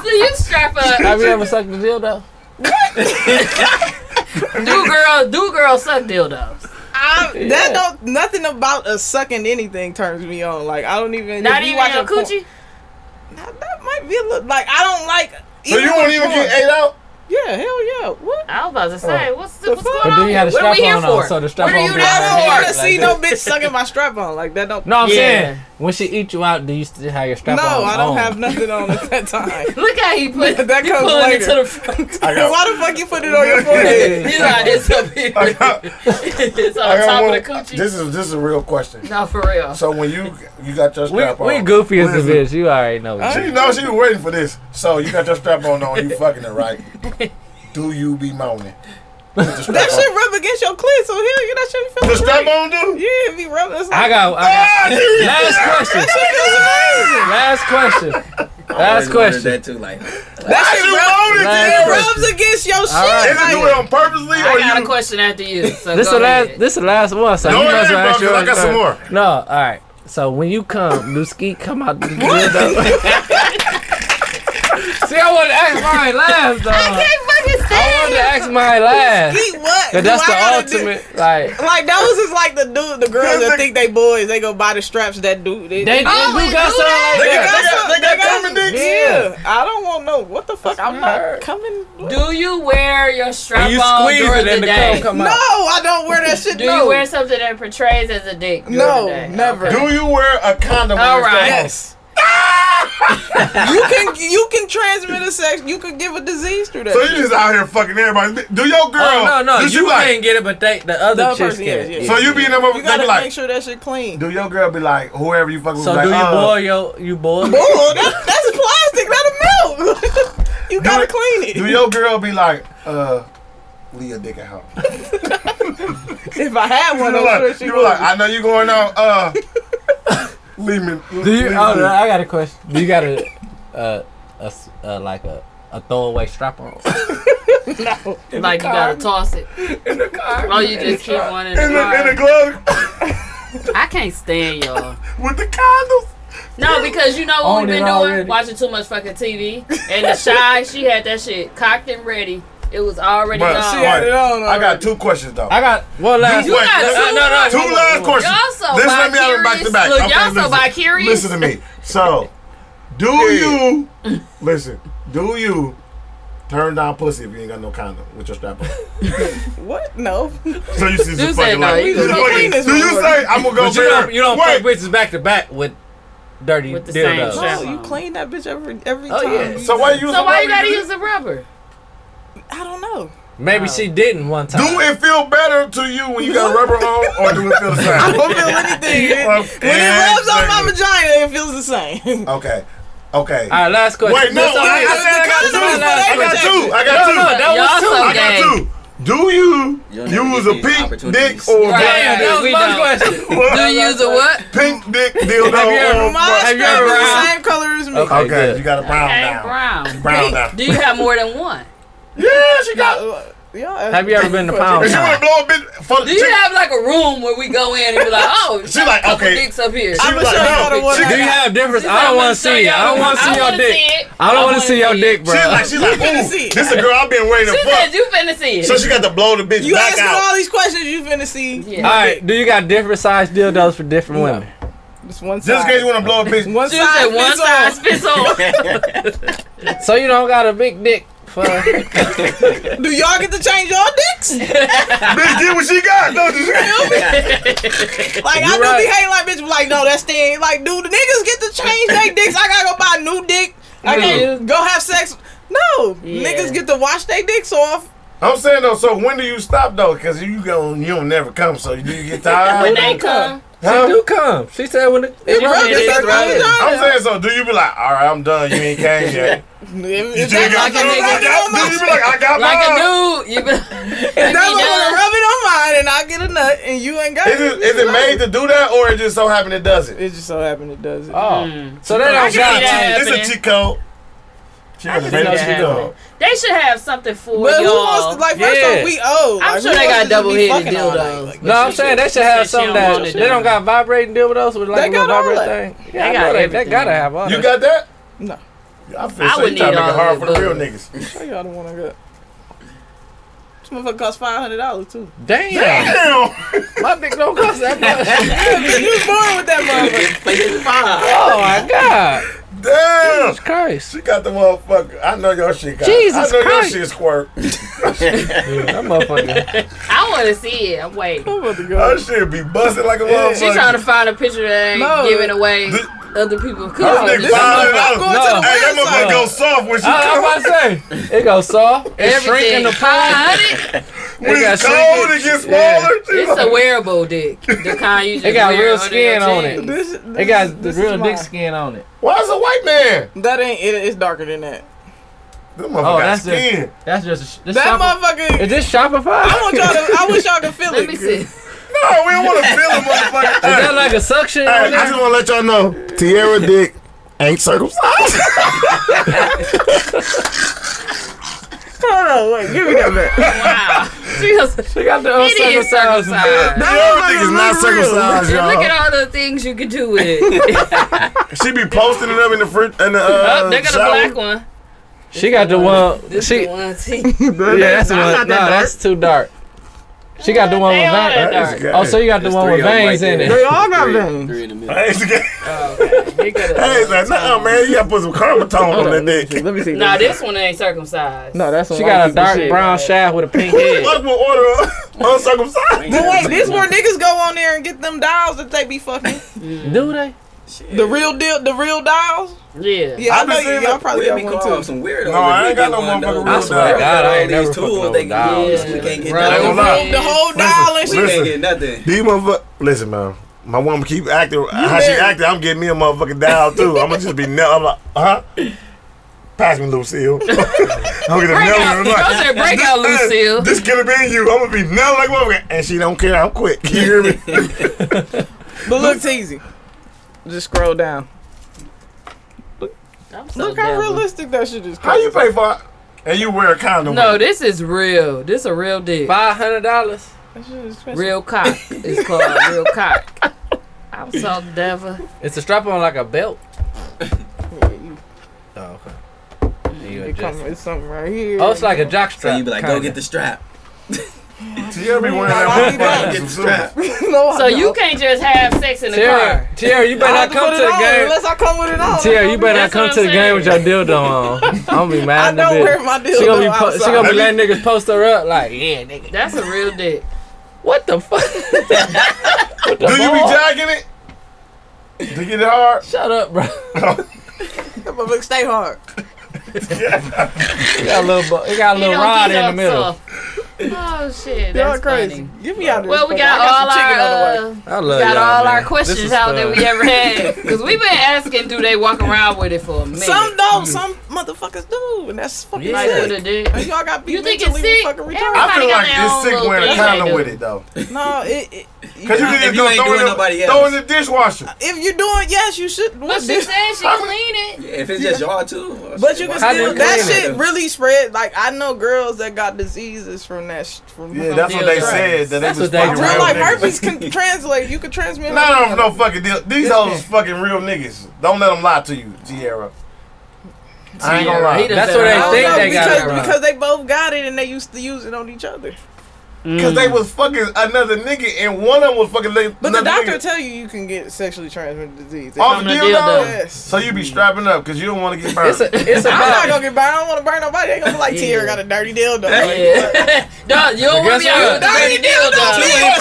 [SPEAKER 6] So you strap up.
[SPEAKER 8] Have you ever sucked a dildo?
[SPEAKER 6] Do girl, do girl suck dildos.
[SPEAKER 9] I, that don't nothing about us sucking anything turns me on. Like I don't even
[SPEAKER 6] Not
[SPEAKER 9] if you
[SPEAKER 6] even
[SPEAKER 9] watch
[SPEAKER 6] a
[SPEAKER 9] porn-
[SPEAKER 6] coochie.
[SPEAKER 9] Now, that might be a little like I don't like.
[SPEAKER 4] So you won't
[SPEAKER 9] with
[SPEAKER 4] even
[SPEAKER 9] porn.
[SPEAKER 4] get ate out?
[SPEAKER 9] Yeah, hell yeah. What?
[SPEAKER 6] I was about to say, what's the, what's
[SPEAKER 9] Oh. fuck?
[SPEAKER 6] going
[SPEAKER 8] But
[SPEAKER 6] on?
[SPEAKER 8] then you had
[SPEAKER 6] here?
[SPEAKER 8] a
[SPEAKER 6] What are
[SPEAKER 8] strap
[SPEAKER 6] we here
[SPEAKER 8] on, on,
[SPEAKER 6] for?
[SPEAKER 8] so the strap
[SPEAKER 6] What are
[SPEAKER 8] on
[SPEAKER 6] you
[SPEAKER 8] be
[SPEAKER 6] there
[SPEAKER 8] on
[SPEAKER 9] I
[SPEAKER 8] her
[SPEAKER 9] don't
[SPEAKER 6] for?
[SPEAKER 8] head
[SPEAKER 9] want to
[SPEAKER 8] like
[SPEAKER 9] see
[SPEAKER 8] this.
[SPEAKER 9] no bitch sucking my strap on like that. Don't.
[SPEAKER 8] No, I'm
[SPEAKER 6] Yeah.
[SPEAKER 8] saying when she eat you out, do you still have your strap
[SPEAKER 9] no,
[SPEAKER 8] on?
[SPEAKER 9] I don't
[SPEAKER 8] on?
[SPEAKER 9] have nothing on at that time.
[SPEAKER 6] [laughs] Look how he put
[SPEAKER 9] That
[SPEAKER 6] he
[SPEAKER 9] comes
[SPEAKER 6] pulling it
[SPEAKER 9] later.
[SPEAKER 6] to the
[SPEAKER 9] [laughs]
[SPEAKER 6] front.
[SPEAKER 4] I got,
[SPEAKER 9] Why the fuck you put it on your forehead?
[SPEAKER 6] You know this up here.
[SPEAKER 4] I got,
[SPEAKER 6] [laughs] It's on
[SPEAKER 4] I got
[SPEAKER 6] top
[SPEAKER 4] one.
[SPEAKER 6] of the coochie.
[SPEAKER 4] This is this is a real question.
[SPEAKER 6] no, for real.
[SPEAKER 4] So when you you got your strap
[SPEAKER 8] We, we
[SPEAKER 4] on,
[SPEAKER 8] goofy as a
[SPEAKER 4] Listen.
[SPEAKER 8] bitch. You already know.
[SPEAKER 9] I
[SPEAKER 4] She know she was waiting for this. So you got your strap on
[SPEAKER 6] [laughs]
[SPEAKER 4] on, you fucking it right. Do you be moaning? With the strap
[SPEAKER 9] That
[SPEAKER 4] on.
[SPEAKER 9] shit rub against your clit, so hell, you that shit feel
[SPEAKER 4] The strap
[SPEAKER 9] great.
[SPEAKER 4] on do?
[SPEAKER 9] Yeah, it be rubbing. It's like,
[SPEAKER 8] I got. I got last question. Last question.
[SPEAKER 13] [laughs]
[SPEAKER 8] Last question.
[SPEAKER 13] That too, like,
[SPEAKER 9] that shit rub-
[SPEAKER 8] Last question.
[SPEAKER 9] rubs against your shit.
[SPEAKER 8] right.
[SPEAKER 4] Is it do it on purposely
[SPEAKER 6] I
[SPEAKER 4] or
[SPEAKER 6] got a
[SPEAKER 4] you?
[SPEAKER 6] question after you. So
[SPEAKER 8] This
[SPEAKER 6] go
[SPEAKER 8] the last.
[SPEAKER 6] ahead.
[SPEAKER 8] This the last one. So
[SPEAKER 4] Go
[SPEAKER 8] you
[SPEAKER 4] ahead,
[SPEAKER 8] must ask
[SPEAKER 4] bro, 'cause I got some more.
[SPEAKER 8] No, all right. So when you come, do ski come out the window? [laughs] See, I want to ask my last though. I
[SPEAKER 6] fucking
[SPEAKER 8] want to ask my last.
[SPEAKER 9] Eat what?
[SPEAKER 8] Cause
[SPEAKER 9] Do
[SPEAKER 8] that's
[SPEAKER 9] I
[SPEAKER 8] the
[SPEAKER 9] gotta do- Oh,
[SPEAKER 8] ultimate. Like
[SPEAKER 9] Like those is like the dude, the girls that think they boys, they go buy the straps that do. They,
[SPEAKER 8] they, they do
[SPEAKER 6] it
[SPEAKER 8] got
[SPEAKER 6] do
[SPEAKER 8] something like
[SPEAKER 9] They
[SPEAKER 8] that.
[SPEAKER 9] some-
[SPEAKER 4] they got cum and dicks?
[SPEAKER 9] Yeah, I don't want no. What the fuck? I'm not coming.
[SPEAKER 6] Do you wear your strap
[SPEAKER 8] And you
[SPEAKER 6] on
[SPEAKER 8] squeeze
[SPEAKER 6] during
[SPEAKER 8] it
[SPEAKER 6] the
[SPEAKER 8] and the
[SPEAKER 6] day?
[SPEAKER 8] cum come
[SPEAKER 9] No,
[SPEAKER 8] out.
[SPEAKER 9] I don't wear that shit.
[SPEAKER 6] Do
[SPEAKER 9] no.
[SPEAKER 6] you wear something that portrays as a dick? during the
[SPEAKER 9] No,
[SPEAKER 6] day?
[SPEAKER 9] never.
[SPEAKER 4] Do you wear a condom? when
[SPEAKER 6] All
[SPEAKER 4] you strap
[SPEAKER 6] right.
[SPEAKER 4] on?
[SPEAKER 9] Yes. you can you can transmit a sex. You can give a disease through that.
[SPEAKER 4] So you just out here fucking everybody. Do your girl?
[SPEAKER 8] Oh, no, no,
[SPEAKER 4] do
[SPEAKER 8] you,
[SPEAKER 4] she like,
[SPEAKER 8] can't get it, but they, the
[SPEAKER 9] The
[SPEAKER 8] other
[SPEAKER 9] other
[SPEAKER 8] chicks
[SPEAKER 9] person,
[SPEAKER 8] can.
[SPEAKER 9] yeah, yeah.
[SPEAKER 4] So you be in that
[SPEAKER 9] you
[SPEAKER 4] motherfucker. They
[SPEAKER 9] gotta
[SPEAKER 4] be
[SPEAKER 9] make
[SPEAKER 4] like,
[SPEAKER 9] sure that shit clean.
[SPEAKER 4] do your girl be like, whoever you fucking with,
[SPEAKER 8] So
[SPEAKER 4] like,
[SPEAKER 8] do you
[SPEAKER 4] uh,
[SPEAKER 8] boil your you [laughs] boil? it?
[SPEAKER 9] Oh, that, that's plastic. Let it melt. [laughs] you gotta clean it.
[SPEAKER 4] Do your girl be like, uh, leave your dick at home?
[SPEAKER 9] if I had
[SPEAKER 4] You
[SPEAKER 9] one,
[SPEAKER 4] were
[SPEAKER 9] I'm sure
[SPEAKER 4] like,
[SPEAKER 9] she
[SPEAKER 4] you
[SPEAKER 9] would.
[SPEAKER 4] were like, I know you going out.
[SPEAKER 9] [laughs]
[SPEAKER 4] Uh, leave me.
[SPEAKER 8] Do you?
[SPEAKER 4] leave me.
[SPEAKER 8] Oh, no, I got a question. Do you got [laughs] a, uh, a s- uh, like a, a throwaway strap on?
[SPEAKER 6] Like you gotta toss it. In the car. Oh, you just keep one in the
[SPEAKER 4] in the, in the
[SPEAKER 6] car.
[SPEAKER 4] glove
[SPEAKER 6] I can't stand y'all.
[SPEAKER 4] with the condoms.
[SPEAKER 6] No, because you know what
[SPEAKER 8] Own
[SPEAKER 6] we've
[SPEAKER 8] it
[SPEAKER 6] been doing?
[SPEAKER 8] already.
[SPEAKER 6] Watching too much fucking TV. And the shy, she had that shit cocked and ready.
[SPEAKER 3] It was already
[SPEAKER 4] Bruh,
[SPEAKER 3] gone.
[SPEAKER 4] Mike, I got two questions though. I
[SPEAKER 1] got one
[SPEAKER 3] last- You got two last-
[SPEAKER 4] two last
[SPEAKER 3] Y'all
[SPEAKER 4] questions.
[SPEAKER 3] so
[SPEAKER 4] This let me have it back to back.
[SPEAKER 3] vicarious. Look,
[SPEAKER 4] Okay,
[SPEAKER 3] y'all so
[SPEAKER 4] listen.
[SPEAKER 3] vicarious.
[SPEAKER 4] Listen to me. So, do you listen? Do you turn down pussy if you ain't got no condom with your
[SPEAKER 3] [laughs]
[SPEAKER 4] strap on?
[SPEAKER 9] What? No.
[SPEAKER 4] So you see some
[SPEAKER 9] You said
[SPEAKER 4] fucking
[SPEAKER 9] no,
[SPEAKER 4] like.
[SPEAKER 9] you
[SPEAKER 4] Do
[SPEAKER 9] just don't clean
[SPEAKER 4] you
[SPEAKER 9] this motherfucker.
[SPEAKER 4] say I'm gonna go
[SPEAKER 8] But you
[SPEAKER 4] there?
[SPEAKER 8] don't, you don't
[SPEAKER 4] Wait,
[SPEAKER 8] fuck bitches back to back with dirty
[SPEAKER 3] With the same
[SPEAKER 8] dildos.
[SPEAKER 3] strap
[SPEAKER 9] No, you clean that bitch every every
[SPEAKER 8] Oh,
[SPEAKER 9] time.
[SPEAKER 8] yeah.
[SPEAKER 4] So why you?
[SPEAKER 3] So why you gotta
[SPEAKER 4] do
[SPEAKER 3] use the rubber?
[SPEAKER 9] I don't know.
[SPEAKER 8] Maybe she didn't one time.
[SPEAKER 4] it feel better to you when you got rubber on, or do it feel the same?
[SPEAKER 8] [laughs]
[SPEAKER 9] I [laughs] don't feel anything. When it rubs on my vagina, it feels the [laughs] same.
[SPEAKER 4] Okay. Okay.
[SPEAKER 8] All right, last question.
[SPEAKER 4] Wait, no,
[SPEAKER 8] That's all
[SPEAKER 4] I,
[SPEAKER 8] right.
[SPEAKER 4] I said I got
[SPEAKER 9] The
[SPEAKER 4] two.
[SPEAKER 9] condoms
[SPEAKER 4] I got two.
[SPEAKER 9] for
[SPEAKER 8] No,
[SPEAKER 4] I got two.
[SPEAKER 8] no, that was two.
[SPEAKER 4] I got two. Do you
[SPEAKER 10] You'll never
[SPEAKER 4] use
[SPEAKER 10] get
[SPEAKER 4] a
[SPEAKER 10] these
[SPEAKER 4] pink
[SPEAKER 10] opportunities.
[SPEAKER 4] dick or
[SPEAKER 8] Damn,
[SPEAKER 4] black
[SPEAKER 8] that was
[SPEAKER 3] We
[SPEAKER 8] my
[SPEAKER 3] don't.
[SPEAKER 8] question.
[SPEAKER 3] [laughs]
[SPEAKER 4] dick?
[SPEAKER 2] Do you use a what?
[SPEAKER 4] Pink dick dildo
[SPEAKER 8] Have you ever-
[SPEAKER 4] or
[SPEAKER 9] My
[SPEAKER 4] black-
[SPEAKER 8] Have you ever
[SPEAKER 9] strap is the
[SPEAKER 8] round-
[SPEAKER 9] same color as me.
[SPEAKER 8] oh, Okay,
[SPEAKER 4] Okay,
[SPEAKER 8] good.
[SPEAKER 4] you got a brown
[SPEAKER 3] Hey,
[SPEAKER 4] now.
[SPEAKER 3] brown.
[SPEAKER 4] Brown now.
[SPEAKER 3] Do you have more than one?
[SPEAKER 4] Yeah, she got.
[SPEAKER 9] Y'all
[SPEAKER 8] Have you ever
[SPEAKER 9] [laughs]
[SPEAKER 8] been to pound
[SPEAKER 4] If she want to
[SPEAKER 8] town?
[SPEAKER 4] blow a bit for the
[SPEAKER 2] Do you
[SPEAKER 4] chick-
[SPEAKER 2] have like a room where we go in and be like, oh,
[SPEAKER 4] She like,
[SPEAKER 2] couple
[SPEAKER 4] okay.
[SPEAKER 2] dicks up here.
[SPEAKER 4] She
[SPEAKER 9] I'ma
[SPEAKER 4] like,
[SPEAKER 9] show y'all
[SPEAKER 4] no,
[SPEAKER 9] the one
[SPEAKER 4] she-
[SPEAKER 9] I
[SPEAKER 8] Do you have difference? I don't want to see it. I don't want to see
[SPEAKER 3] I
[SPEAKER 8] your
[SPEAKER 3] wanna see
[SPEAKER 8] dick.
[SPEAKER 3] it.
[SPEAKER 8] I don't want to see your
[SPEAKER 3] it.
[SPEAKER 8] dick,
[SPEAKER 4] She
[SPEAKER 8] bro.
[SPEAKER 4] like, she like,
[SPEAKER 9] finna
[SPEAKER 4] ooh,
[SPEAKER 9] see it.
[SPEAKER 4] this a girl I've been waiting
[SPEAKER 3] She
[SPEAKER 4] to
[SPEAKER 3] said
[SPEAKER 4] fuck.
[SPEAKER 3] you finna see it.
[SPEAKER 4] So she got to blow the bitch
[SPEAKER 9] You
[SPEAKER 4] back
[SPEAKER 9] asking
[SPEAKER 4] out.
[SPEAKER 9] all these questions, you finna see
[SPEAKER 8] All right, do you got different size dildos for different women?
[SPEAKER 9] this one side.
[SPEAKER 4] Just in case you want to blow a bitch.
[SPEAKER 9] one
[SPEAKER 3] She said
[SPEAKER 9] side,
[SPEAKER 3] one
[SPEAKER 9] fits all.
[SPEAKER 3] size fits all.
[SPEAKER 8] So you don't got a big dick for
[SPEAKER 9] Do y'all get to change y'all
[SPEAKER 3] [laughs]
[SPEAKER 9] dicks? like
[SPEAKER 4] bitch, get what she got. No, just
[SPEAKER 9] I do
[SPEAKER 8] right.
[SPEAKER 9] be hating like bitch, be like no, that's the ain't like dude. The niggas get to change their dicks. I gotta go buy a new dick. I gotta go have sex. No,
[SPEAKER 3] Yeah.
[SPEAKER 9] niggas get to wash their dicks off.
[SPEAKER 4] I'm saying though, so when do you stop though? Cause you go, you don't never come. So do you get tired?
[SPEAKER 3] When they come,
[SPEAKER 8] She
[SPEAKER 4] Huh?
[SPEAKER 8] do come. She said when it, it
[SPEAKER 9] Rub
[SPEAKER 8] rubbed
[SPEAKER 9] their
[SPEAKER 8] it.
[SPEAKER 9] dick on the
[SPEAKER 8] Right.
[SPEAKER 4] I'm
[SPEAKER 9] vagina.
[SPEAKER 4] saying so. Do you be like, all right, I'm done. You ain't came yet.
[SPEAKER 9] [laughs] If,
[SPEAKER 4] You
[SPEAKER 9] if
[SPEAKER 4] just got
[SPEAKER 9] that's
[SPEAKER 4] done.
[SPEAKER 9] like a
[SPEAKER 4] I
[SPEAKER 9] nigga get
[SPEAKER 4] got-
[SPEAKER 9] on my,
[SPEAKER 4] Do you be like, I got
[SPEAKER 2] like
[SPEAKER 4] mine?
[SPEAKER 2] a dude, you
[SPEAKER 9] if that's
[SPEAKER 2] be
[SPEAKER 9] gonna
[SPEAKER 2] done.
[SPEAKER 9] rub it on mine and I get a nut and you ain't got
[SPEAKER 4] Is it is it made to do that, or it just so happen it does it?
[SPEAKER 9] It just so happened it does
[SPEAKER 2] [laughs]
[SPEAKER 9] it.
[SPEAKER 3] Mm.
[SPEAKER 8] Oh, so they
[SPEAKER 3] I
[SPEAKER 8] don't
[SPEAKER 3] can see that.
[SPEAKER 8] got
[SPEAKER 4] It's a
[SPEAKER 3] happening.
[SPEAKER 4] cheat code. She
[SPEAKER 3] I
[SPEAKER 4] was a
[SPEAKER 3] can
[SPEAKER 4] baby
[SPEAKER 3] see that
[SPEAKER 4] cheat code.
[SPEAKER 3] they should have something for
[SPEAKER 9] But who
[SPEAKER 3] y'all.
[SPEAKER 9] wants to, like, first
[SPEAKER 8] Yeah.
[SPEAKER 9] off, we old.
[SPEAKER 3] I'm
[SPEAKER 9] Like,
[SPEAKER 3] sure
[SPEAKER 9] who
[SPEAKER 3] they
[SPEAKER 9] wants
[SPEAKER 3] got
[SPEAKER 9] to just be
[SPEAKER 3] double-headed
[SPEAKER 9] fucking all day?
[SPEAKER 3] dildos.
[SPEAKER 9] Like,
[SPEAKER 8] No, I'm saying they should have
[SPEAKER 3] she
[SPEAKER 8] something
[SPEAKER 3] don't
[SPEAKER 8] that
[SPEAKER 3] want it
[SPEAKER 8] they don't got vibrating dildos with like
[SPEAKER 9] They
[SPEAKER 8] a little
[SPEAKER 9] got all
[SPEAKER 8] vibrating thing. Yeah,
[SPEAKER 3] They got
[SPEAKER 8] I know they, they
[SPEAKER 3] everything.
[SPEAKER 8] gotta have all
[SPEAKER 4] You
[SPEAKER 8] that.
[SPEAKER 4] got that?
[SPEAKER 9] No.
[SPEAKER 4] I feel
[SPEAKER 3] I
[SPEAKER 4] so
[SPEAKER 3] would need
[SPEAKER 4] you trying to make it
[SPEAKER 3] all
[SPEAKER 4] hard
[SPEAKER 3] of
[SPEAKER 4] for
[SPEAKER 3] it,
[SPEAKER 4] the
[SPEAKER 3] but-
[SPEAKER 4] real niggas.
[SPEAKER 9] Show y'all the one I got. This motherfucker cost five hundred dollars too.
[SPEAKER 8] Damn.
[SPEAKER 4] Damn.
[SPEAKER 8] my dick don't cost that much.
[SPEAKER 9] [laughs] you was born with that motherfucker.
[SPEAKER 8] oh my god,
[SPEAKER 4] Damn.
[SPEAKER 8] Christ!
[SPEAKER 4] She got the motherfucker. I know your shit got.
[SPEAKER 8] Jesus
[SPEAKER 4] I know
[SPEAKER 8] Christ.
[SPEAKER 4] your shit
[SPEAKER 9] [laughs]
[SPEAKER 4] squirt.
[SPEAKER 8] Dude, that motherfucker.
[SPEAKER 3] I want to see it. I'm waiting.
[SPEAKER 9] I'm about to
[SPEAKER 4] Her
[SPEAKER 9] go.
[SPEAKER 4] shit be busting like a motherfucker.
[SPEAKER 3] She trying to find a picture that ain't
[SPEAKER 9] No.
[SPEAKER 3] giving away
[SPEAKER 4] This-
[SPEAKER 3] other people's
[SPEAKER 4] Her dick
[SPEAKER 3] cookies.
[SPEAKER 4] five
[SPEAKER 9] I'm
[SPEAKER 4] hundred
[SPEAKER 9] going
[SPEAKER 4] dollars.
[SPEAKER 8] No.
[SPEAKER 9] to the
[SPEAKER 4] Hey, that
[SPEAKER 9] website.
[SPEAKER 4] motherfucker go soft
[SPEAKER 3] Oh,
[SPEAKER 4] when she
[SPEAKER 8] Uh, I,
[SPEAKER 4] [laughs] come.
[SPEAKER 8] was about to say it goes soft. It shrink in
[SPEAKER 3] Everything.
[SPEAKER 8] the pool.
[SPEAKER 3] [laughs] 500?
[SPEAKER 4] When
[SPEAKER 8] It got
[SPEAKER 4] it's cold,
[SPEAKER 8] shrinkage.
[SPEAKER 4] it gets
[SPEAKER 8] Yeah.
[SPEAKER 4] smaller. She
[SPEAKER 2] It's a wearable dick.
[SPEAKER 3] The kind you just
[SPEAKER 8] It got
[SPEAKER 3] wear
[SPEAKER 8] real
[SPEAKER 3] under
[SPEAKER 8] skin
[SPEAKER 3] your
[SPEAKER 8] on
[SPEAKER 3] jeans.
[SPEAKER 8] it.
[SPEAKER 9] [laughs] This,
[SPEAKER 8] It
[SPEAKER 9] this
[SPEAKER 8] got
[SPEAKER 9] is-
[SPEAKER 8] the
[SPEAKER 9] this
[SPEAKER 8] real
[SPEAKER 9] is
[SPEAKER 8] dick
[SPEAKER 9] mine.
[SPEAKER 8] skin on it.
[SPEAKER 4] Why is a white man?
[SPEAKER 9] That ain't. It, it's darker than that.
[SPEAKER 4] This
[SPEAKER 3] Oh,
[SPEAKER 4] motherfucker got
[SPEAKER 8] Oh, that's
[SPEAKER 4] skin.
[SPEAKER 8] That's just a, this
[SPEAKER 9] That
[SPEAKER 8] Shopify-
[SPEAKER 9] motherfucker.
[SPEAKER 8] Is this Shopify?
[SPEAKER 9] I want y'all to. I wish y'all could feel
[SPEAKER 3] Let me see.
[SPEAKER 8] [laughs]
[SPEAKER 9] it.
[SPEAKER 4] No, Oh, we don't want to feel a motherfucker.
[SPEAKER 8] Is [laughs] that like a suction?
[SPEAKER 4] Hey,
[SPEAKER 8] on
[SPEAKER 4] I
[SPEAKER 8] there?
[SPEAKER 4] just want to let y'all know, Tierra Dick ain't [laughs] circumcised.
[SPEAKER 9] Hold on, wait. Give me that back.
[SPEAKER 3] Wow. [laughs] She was,
[SPEAKER 8] She got the
[SPEAKER 3] It is
[SPEAKER 8] uncircumcised.
[SPEAKER 3] circumcised.
[SPEAKER 4] Tierra Dick is not circumcised,
[SPEAKER 2] Look
[SPEAKER 4] y'all.
[SPEAKER 2] at all the things you could do with
[SPEAKER 8] [laughs]
[SPEAKER 2] it.
[SPEAKER 4] She be posting it up in the front and the uh,
[SPEAKER 3] oh, they got a
[SPEAKER 4] shower.
[SPEAKER 3] black one.
[SPEAKER 8] She got the one.
[SPEAKER 2] This
[SPEAKER 8] She
[SPEAKER 2] the one see.
[SPEAKER 8] yeah, that's the one. No, that's too dark. She got the one
[SPEAKER 3] They
[SPEAKER 8] with
[SPEAKER 3] all that
[SPEAKER 8] veins.
[SPEAKER 3] dark.
[SPEAKER 4] That is
[SPEAKER 8] Oh, so you got the one with veins in it.
[SPEAKER 9] all got
[SPEAKER 10] three, three in the middle.
[SPEAKER 4] Hey, it's okay.
[SPEAKER 3] Oh, They got
[SPEAKER 8] [laughs]
[SPEAKER 3] a-
[SPEAKER 4] Hey, it's like, nah, man, you gotta put some carbitone on that dick.
[SPEAKER 9] Let me see.
[SPEAKER 3] Nah, this one ain't circumcised.
[SPEAKER 9] No, that's
[SPEAKER 8] She got a dark brown shaft with a pink head.
[SPEAKER 4] Fuck will order uncircumcised.
[SPEAKER 9] But wait, this where niggas go on there and get them dolls that they be [laughs] fucking.
[SPEAKER 8] Do they?
[SPEAKER 9] The real deal, the real dolls.
[SPEAKER 3] Yeah.
[SPEAKER 9] Yeah, I,
[SPEAKER 4] I've
[SPEAKER 9] know
[SPEAKER 4] been seeing
[SPEAKER 9] y'all
[SPEAKER 4] them.
[SPEAKER 9] probably
[SPEAKER 10] We'll be
[SPEAKER 9] got one
[SPEAKER 10] calling
[SPEAKER 9] too.
[SPEAKER 10] some weirdos.
[SPEAKER 4] No, I
[SPEAKER 10] if we
[SPEAKER 4] ain't got
[SPEAKER 10] get
[SPEAKER 4] no
[SPEAKER 10] one
[SPEAKER 4] motherfucking
[SPEAKER 10] of
[SPEAKER 4] real
[SPEAKER 10] those.
[SPEAKER 8] I swear to
[SPEAKER 10] We
[SPEAKER 8] God,
[SPEAKER 10] got
[SPEAKER 8] I
[SPEAKER 10] all
[SPEAKER 8] ain't never
[SPEAKER 10] these
[SPEAKER 8] fucking
[SPEAKER 10] tools,
[SPEAKER 8] no
[SPEAKER 10] they can get
[SPEAKER 8] doll.
[SPEAKER 10] used. We can't get nothing.
[SPEAKER 8] Right. I ain't
[SPEAKER 4] gonna lie.
[SPEAKER 9] The whole doll and shit.
[SPEAKER 10] We
[SPEAKER 4] Listen.
[SPEAKER 10] can't get nothing.
[SPEAKER 4] These motherfuckers. Listen, man. My woman keep acting how she
[SPEAKER 9] married.
[SPEAKER 4] acting. I'm getting me a motherfucking dial too. I'm gonna just be nut. I'm like, huh? Pass me Lucille. [laughs] I'm gonna
[SPEAKER 3] Break
[SPEAKER 4] nail her.
[SPEAKER 3] out.
[SPEAKER 4] I'm
[SPEAKER 3] Go
[SPEAKER 4] like,
[SPEAKER 3] to the
[SPEAKER 6] [laughs]
[SPEAKER 3] break out,
[SPEAKER 4] "Hey,
[SPEAKER 3] Lucille.
[SPEAKER 4] This could have been you. I'm gonna be nut like motherfucker. And she don't care. I'm quick. You
[SPEAKER 10] [laughs]
[SPEAKER 4] hear me?
[SPEAKER 9] But look, Teasy. Just scroll down.
[SPEAKER 3] I'm so
[SPEAKER 9] Look how
[SPEAKER 3] devil.
[SPEAKER 9] realistic that shit is.
[SPEAKER 4] how you pay for it? And you wear a condom?
[SPEAKER 2] No, this is real. This a real dick.
[SPEAKER 8] Five hundred dollars.
[SPEAKER 9] That shit is expensive.
[SPEAKER 2] Real cock. It's called real cock.
[SPEAKER 8] [laughs]
[SPEAKER 3] I'm so devil.
[SPEAKER 8] It's a strap on like a belt.
[SPEAKER 9] Yeah, you-
[SPEAKER 8] Oh, okay. You a
[SPEAKER 9] it come, it's something right here.
[SPEAKER 8] Oh, it's like a jockstrap.
[SPEAKER 10] So you be like, go get the strap.
[SPEAKER 4] Tierra be wearing
[SPEAKER 9] I need
[SPEAKER 4] that
[SPEAKER 9] that.
[SPEAKER 4] motherfucker. some silver.
[SPEAKER 9] [laughs] no, I
[SPEAKER 6] So you
[SPEAKER 9] don't.
[SPEAKER 6] can't just have sex in the
[SPEAKER 8] Tierra,
[SPEAKER 6] car.
[SPEAKER 8] Tierra, you better
[SPEAKER 9] I
[SPEAKER 8] not
[SPEAKER 9] have
[SPEAKER 8] come to
[SPEAKER 9] put it
[SPEAKER 8] the
[SPEAKER 9] on
[SPEAKER 8] game.
[SPEAKER 9] Unless I come with it on.
[SPEAKER 8] Tierra, you better not
[SPEAKER 6] That's
[SPEAKER 8] come
[SPEAKER 6] what
[SPEAKER 8] to the
[SPEAKER 6] I'm
[SPEAKER 8] game with your dildo on. I'm gonna be
[SPEAKER 9] I
[SPEAKER 8] mad in the
[SPEAKER 9] don't wear
[SPEAKER 8] bitch.
[SPEAKER 9] my dildo.
[SPEAKER 8] She gonna be po-
[SPEAKER 9] outside.
[SPEAKER 8] she gonna be letting niggas post her up like, yeah, nigga,
[SPEAKER 6] That's a real dick.
[SPEAKER 8] what the fuck?
[SPEAKER 4] Do you be jogging it? Do you get it hard?
[SPEAKER 8] Shut up, bro.
[SPEAKER 9] That motherfucker stay hard.
[SPEAKER 8] It got a little, bu- it got a
[SPEAKER 6] He
[SPEAKER 8] little
[SPEAKER 6] don't
[SPEAKER 8] rod
[SPEAKER 6] get
[SPEAKER 8] in the
[SPEAKER 6] up
[SPEAKER 8] middle.
[SPEAKER 6] tough. Oh shit,
[SPEAKER 9] Y'all
[SPEAKER 6] that's crazy.
[SPEAKER 9] crazy. Get me out of this.
[SPEAKER 6] Well, we
[SPEAKER 9] fucker.
[SPEAKER 6] got,
[SPEAKER 9] I got
[SPEAKER 6] all
[SPEAKER 9] some chicken on the
[SPEAKER 6] our
[SPEAKER 9] way.
[SPEAKER 6] uh,
[SPEAKER 8] I
[SPEAKER 6] we
[SPEAKER 8] love
[SPEAKER 6] got
[SPEAKER 8] Oh, y'all,
[SPEAKER 6] all
[SPEAKER 8] man.
[SPEAKER 6] our
[SPEAKER 8] This
[SPEAKER 6] questions
[SPEAKER 8] was
[SPEAKER 6] out that
[SPEAKER 8] fun.
[SPEAKER 6] we ever had because we've been asking, do they walk around with it for a minute?
[SPEAKER 9] Some don't. Some motherfuckers do, and that's fucking
[SPEAKER 6] like
[SPEAKER 9] sick.
[SPEAKER 6] with a dick.
[SPEAKER 9] And Y'all got
[SPEAKER 6] You
[SPEAKER 9] people
[SPEAKER 6] think it's
[SPEAKER 9] mentally
[SPEAKER 6] sick?
[SPEAKER 9] fucking retarded.
[SPEAKER 4] I
[SPEAKER 6] Everybody
[SPEAKER 4] feel
[SPEAKER 6] got
[SPEAKER 4] like
[SPEAKER 6] their own
[SPEAKER 4] it's sick
[SPEAKER 6] little
[SPEAKER 4] wearing a
[SPEAKER 6] thing they
[SPEAKER 4] condom
[SPEAKER 6] do.
[SPEAKER 4] with it though,
[SPEAKER 9] No, it, [laughs] it, you
[SPEAKER 4] because you can
[SPEAKER 9] can't-
[SPEAKER 4] just
[SPEAKER 10] you
[SPEAKER 4] go
[SPEAKER 10] ain't
[SPEAKER 4] throw
[SPEAKER 10] doing
[SPEAKER 4] in
[SPEAKER 10] nobody
[SPEAKER 4] the,
[SPEAKER 10] else.
[SPEAKER 4] throw in the dishwasher.
[SPEAKER 9] if you're doing, yes, you should.
[SPEAKER 6] But
[SPEAKER 9] What
[SPEAKER 6] she
[SPEAKER 9] this-
[SPEAKER 6] said she clean it.
[SPEAKER 10] Yeah, if it's just y'all two.
[SPEAKER 9] [laughs] But you can
[SPEAKER 8] How
[SPEAKER 9] still
[SPEAKER 8] they
[SPEAKER 9] that
[SPEAKER 8] clean it?
[SPEAKER 9] shit really spread. Like I know girls that got diseases from that. sh- From
[SPEAKER 4] Yeah, that's what they
[SPEAKER 9] Right.
[SPEAKER 4] said that they
[SPEAKER 8] That's
[SPEAKER 4] was
[SPEAKER 8] what they
[SPEAKER 4] fucking
[SPEAKER 8] do.
[SPEAKER 9] Real
[SPEAKER 4] real
[SPEAKER 9] life
[SPEAKER 4] niggas.
[SPEAKER 9] herpes [laughs] can translate. You can transmit.
[SPEAKER 4] No, no, no fucking deal. These hoes is fucking real niggas. Don't let them lie to you, Tierra. I ain't gonna
[SPEAKER 6] Tierra, he
[SPEAKER 4] lie.
[SPEAKER 6] done
[SPEAKER 8] That's
[SPEAKER 6] said
[SPEAKER 8] what
[SPEAKER 6] it
[SPEAKER 8] they
[SPEAKER 6] all.
[SPEAKER 9] I
[SPEAKER 8] think
[SPEAKER 9] don't know,
[SPEAKER 8] they got it
[SPEAKER 9] because,
[SPEAKER 8] wrong.
[SPEAKER 9] because they both got it and they used to use it on each other.
[SPEAKER 4] Because
[SPEAKER 10] Mm.
[SPEAKER 4] they was fucking another nigga and one of them was fucking li-
[SPEAKER 9] But
[SPEAKER 4] another
[SPEAKER 9] the doctor
[SPEAKER 4] nigga.
[SPEAKER 9] tell you you can get sexually transmitted disease.
[SPEAKER 4] Off
[SPEAKER 6] From
[SPEAKER 4] the
[SPEAKER 6] the
[SPEAKER 4] dildo.
[SPEAKER 6] dildo.
[SPEAKER 9] yes.
[SPEAKER 4] So you be strapping up because you don't want to get
[SPEAKER 8] It's
[SPEAKER 4] burned.
[SPEAKER 8] a, it's
[SPEAKER 9] I'm not
[SPEAKER 8] about.
[SPEAKER 9] gonna get burned. I don't want to burn nobody. They gonna be like, Tierra got a dirty dildo.
[SPEAKER 6] Yeah. [laughs] Dog, you don't want
[SPEAKER 8] guess
[SPEAKER 6] me out with
[SPEAKER 8] what?
[SPEAKER 6] the dirty dildo.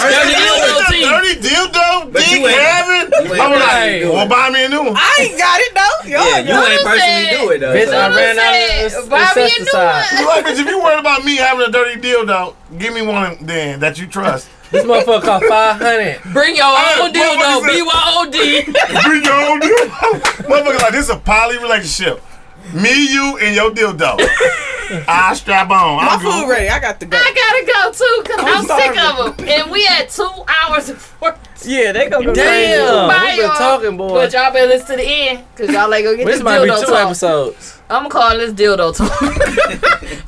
[SPEAKER 6] Dirty dildo teeth.
[SPEAKER 4] Dirty dildo, dick
[SPEAKER 10] you ain't-
[SPEAKER 4] having.
[SPEAKER 10] you ain't
[SPEAKER 4] I'm like,
[SPEAKER 8] personally do
[SPEAKER 4] well,
[SPEAKER 10] it.
[SPEAKER 4] buy me a new one.
[SPEAKER 9] I ain't got it though. Y'all
[SPEAKER 10] yeah, you
[SPEAKER 9] got
[SPEAKER 10] ain't
[SPEAKER 6] Who
[SPEAKER 10] personally
[SPEAKER 6] said-
[SPEAKER 10] do it though.
[SPEAKER 8] Bitch,
[SPEAKER 10] so-
[SPEAKER 8] I ran
[SPEAKER 6] said,
[SPEAKER 8] out of
[SPEAKER 6] "Buy me a new
[SPEAKER 8] insecticide.
[SPEAKER 4] You like, bitch, if you worried about me having a dirty dildo, give me one then that you trust.
[SPEAKER 8] This motherfucker cost five hundred.
[SPEAKER 6] Bring your
[SPEAKER 4] Hey,
[SPEAKER 6] own dildo,
[SPEAKER 4] motherfucker said-
[SPEAKER 6] BYOD.
[SPEAKER 4] Bring your own dildo. Motherfucker, like, this is a poly relationship. Me, you, and your dildo. I strap on.
[SPEAKER 9] my
[SPEAKER 4] I'm
[SPEAKER 9] food ready. I got to go.
[SPEAKER 6] [laughs] I gotta go too, cause I'm, sick
[SPEAKER 9] sorry.
[SPEAKER 6] of them. And we had two hours and four.
[SPEAKER 9] Yeah, they gonna go crazy.
[SPEAKER 8] Damn,
[SPEAKER 6] Bye,
[SPEAKER 8] we've been
[SPEAKER 6] y'all.
[SPEAKER 8] talking, boy.
[SPEAKER 6] But y'all better listen to the end, cause y'all ain't gonna get
[SPEAKER 8] This
[SPEAKER 6] this
[SPEAKER 8] might be
[SPEAKER 6] dildo
[SPEAKER 8] two
[SPEAKER 6] talk.
[SPEAKER 8] episodes.
[SPEAKER 6] I'm gonna call this dildo talk [laughs]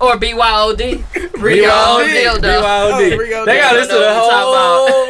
[SPEAKER 6] or
[SPEAKER 8] [laughs]
[SPEAKER 6] BYOD. Bring your own
[SPEAKER 8] BYOD.
[SPEAKER 6] dildo.
[SPEAKER 9] Oh, we
[SPEAKER 8] BYOD.
[SPEAKER 9] go
[SPEAKER 8] They got
[SPEAKER 9] dildo.
[SPEAKER 8] this to the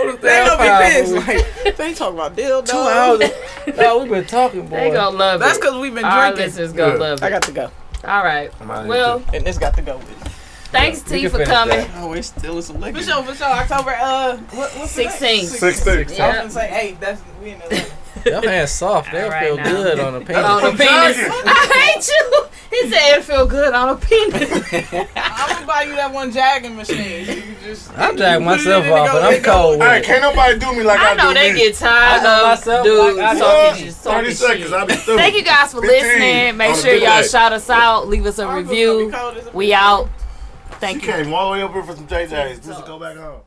[SPEAKER 8] whole.
[SPEAKER 9] They gonna be pissed.
[SPEAKER 8] damn five.
[SPEAKER 9] Like, they talking about dildo.
[SPEAKER 8] Two
[SPEAKER 9] [laughs]
[SPEAKER 8] hours. No, we've been talking, boy.
[SPEAKER 6] They gonna love
[SPEAKER 9] That's
[SPEAKER 6] it.
[SPEAKER 9] because we've been
[SPEAKER 6] Our
[SPEAKER 9] drinking.
[SPEAKER 6] listeners gonna love
[SPEAKER 9] I
[SPEAKER 6] it.
[SPEAKER 9] got to go,
[SPEAKER 6] All right.
[SPEAKER 4] outta
[SPEAKER 6] Well,
[SPEAKER 9] and this got to go with. It.
[SPEAKER 6] thanks
[SPEAKER 8] You
[SPEAKER 6] T
[SPEAKER 8] can
[SPEAKER 6] for
[SPEAKER 8] finish
[SPEAKER 6] coming.
[SPEAKER 8] that.
[SPEAKER 9] Oh, it's still some liquor. For sure, for sure. October uh, what, what's the date?
[SPEAKER 6] 16.
[SPEAKER 4] Six, six.
[SPEAKER 9] I was
[SPEAKER 6] Yeah.
[SPEAKER 9] gonna say eight. That's we in the.
[SPEAKER 8] Them hands soft. They'll
[SPEAKER 6] All right,
[SPEAKER 8] feel
[SPEAKER 6] now.
[SPEAKER 8] good on the
[SPEAKER 6] On
[SPEAKER 8] penis.
[SPEAKER 6] a
[SPEAKER 4] I'm
[SPEAKER 6] penis.
[SPEAKER 4] jogging.
[SPEAKER 6] [laughs] I hate you. He said it feel good on a penis.
[SPEAKER 9] I'm gonna buy you that one jagging machine. You can just.
[SPEAKER 8] I drag
[SPEAKER 9] Put it in
[SPEAKER 8] myself
[SPEAKER 9] and
[SPEAKER 8] off,
[SPEAKER 9] go-
[SPEAKER 8] but
[SPEAKER 9] it
[SPEAKER 8] I'm
[SPEAKER 9] go-
[SPEAKER 8] cold
[SPEAKER 4] All right,
[SPEAKER 8] with it.
[SPEAKER 4] can't nobody do me like
[SPEAKER 6] [laughs]
[SPEAKER 4] I,
[SPEAKER 6] I know
[SPEAKER 4] do
[SPEAKER 6] they
[SPEAKER 4] me.
[SPEAKER 6] get tired
[SPEAKER 8] I know
[SPEAKER 6] of
[SPEAKER 8] myself,
[SPEAKER 6] dudes
[SPEAKER 8] like, I
[SPEAKER 4] Fuck,
[SPEAKER 6] talking, just talking
[SPEAKER 4] 30 seconds,
[SPEAKER 6] shit.
[SPEAKER 4] I'll be through.
[SPEAKER 6] Thank you guys for
[SPEAKER 4] 15
[SPEAKER 6] listening. Make
[SPEAKER 4] on a
[SPEAKER 6] sure
[SPEAKER 4] good
[SPEAKER 6] y'all
[SPEAKER 4] day.
[SPEAKER 6] shout us out. Leave us a
[SPEAKER 9] I'm gonna
[SPEAKER 6] review.
[SPEAKER 9] be cold as a
[SPEAKER 6] We out.
[SPEAKER 4] She
[SPEAKER 6] Thank you.
[SPEAKER 4] came all the way up here for some JJ's just to go back home.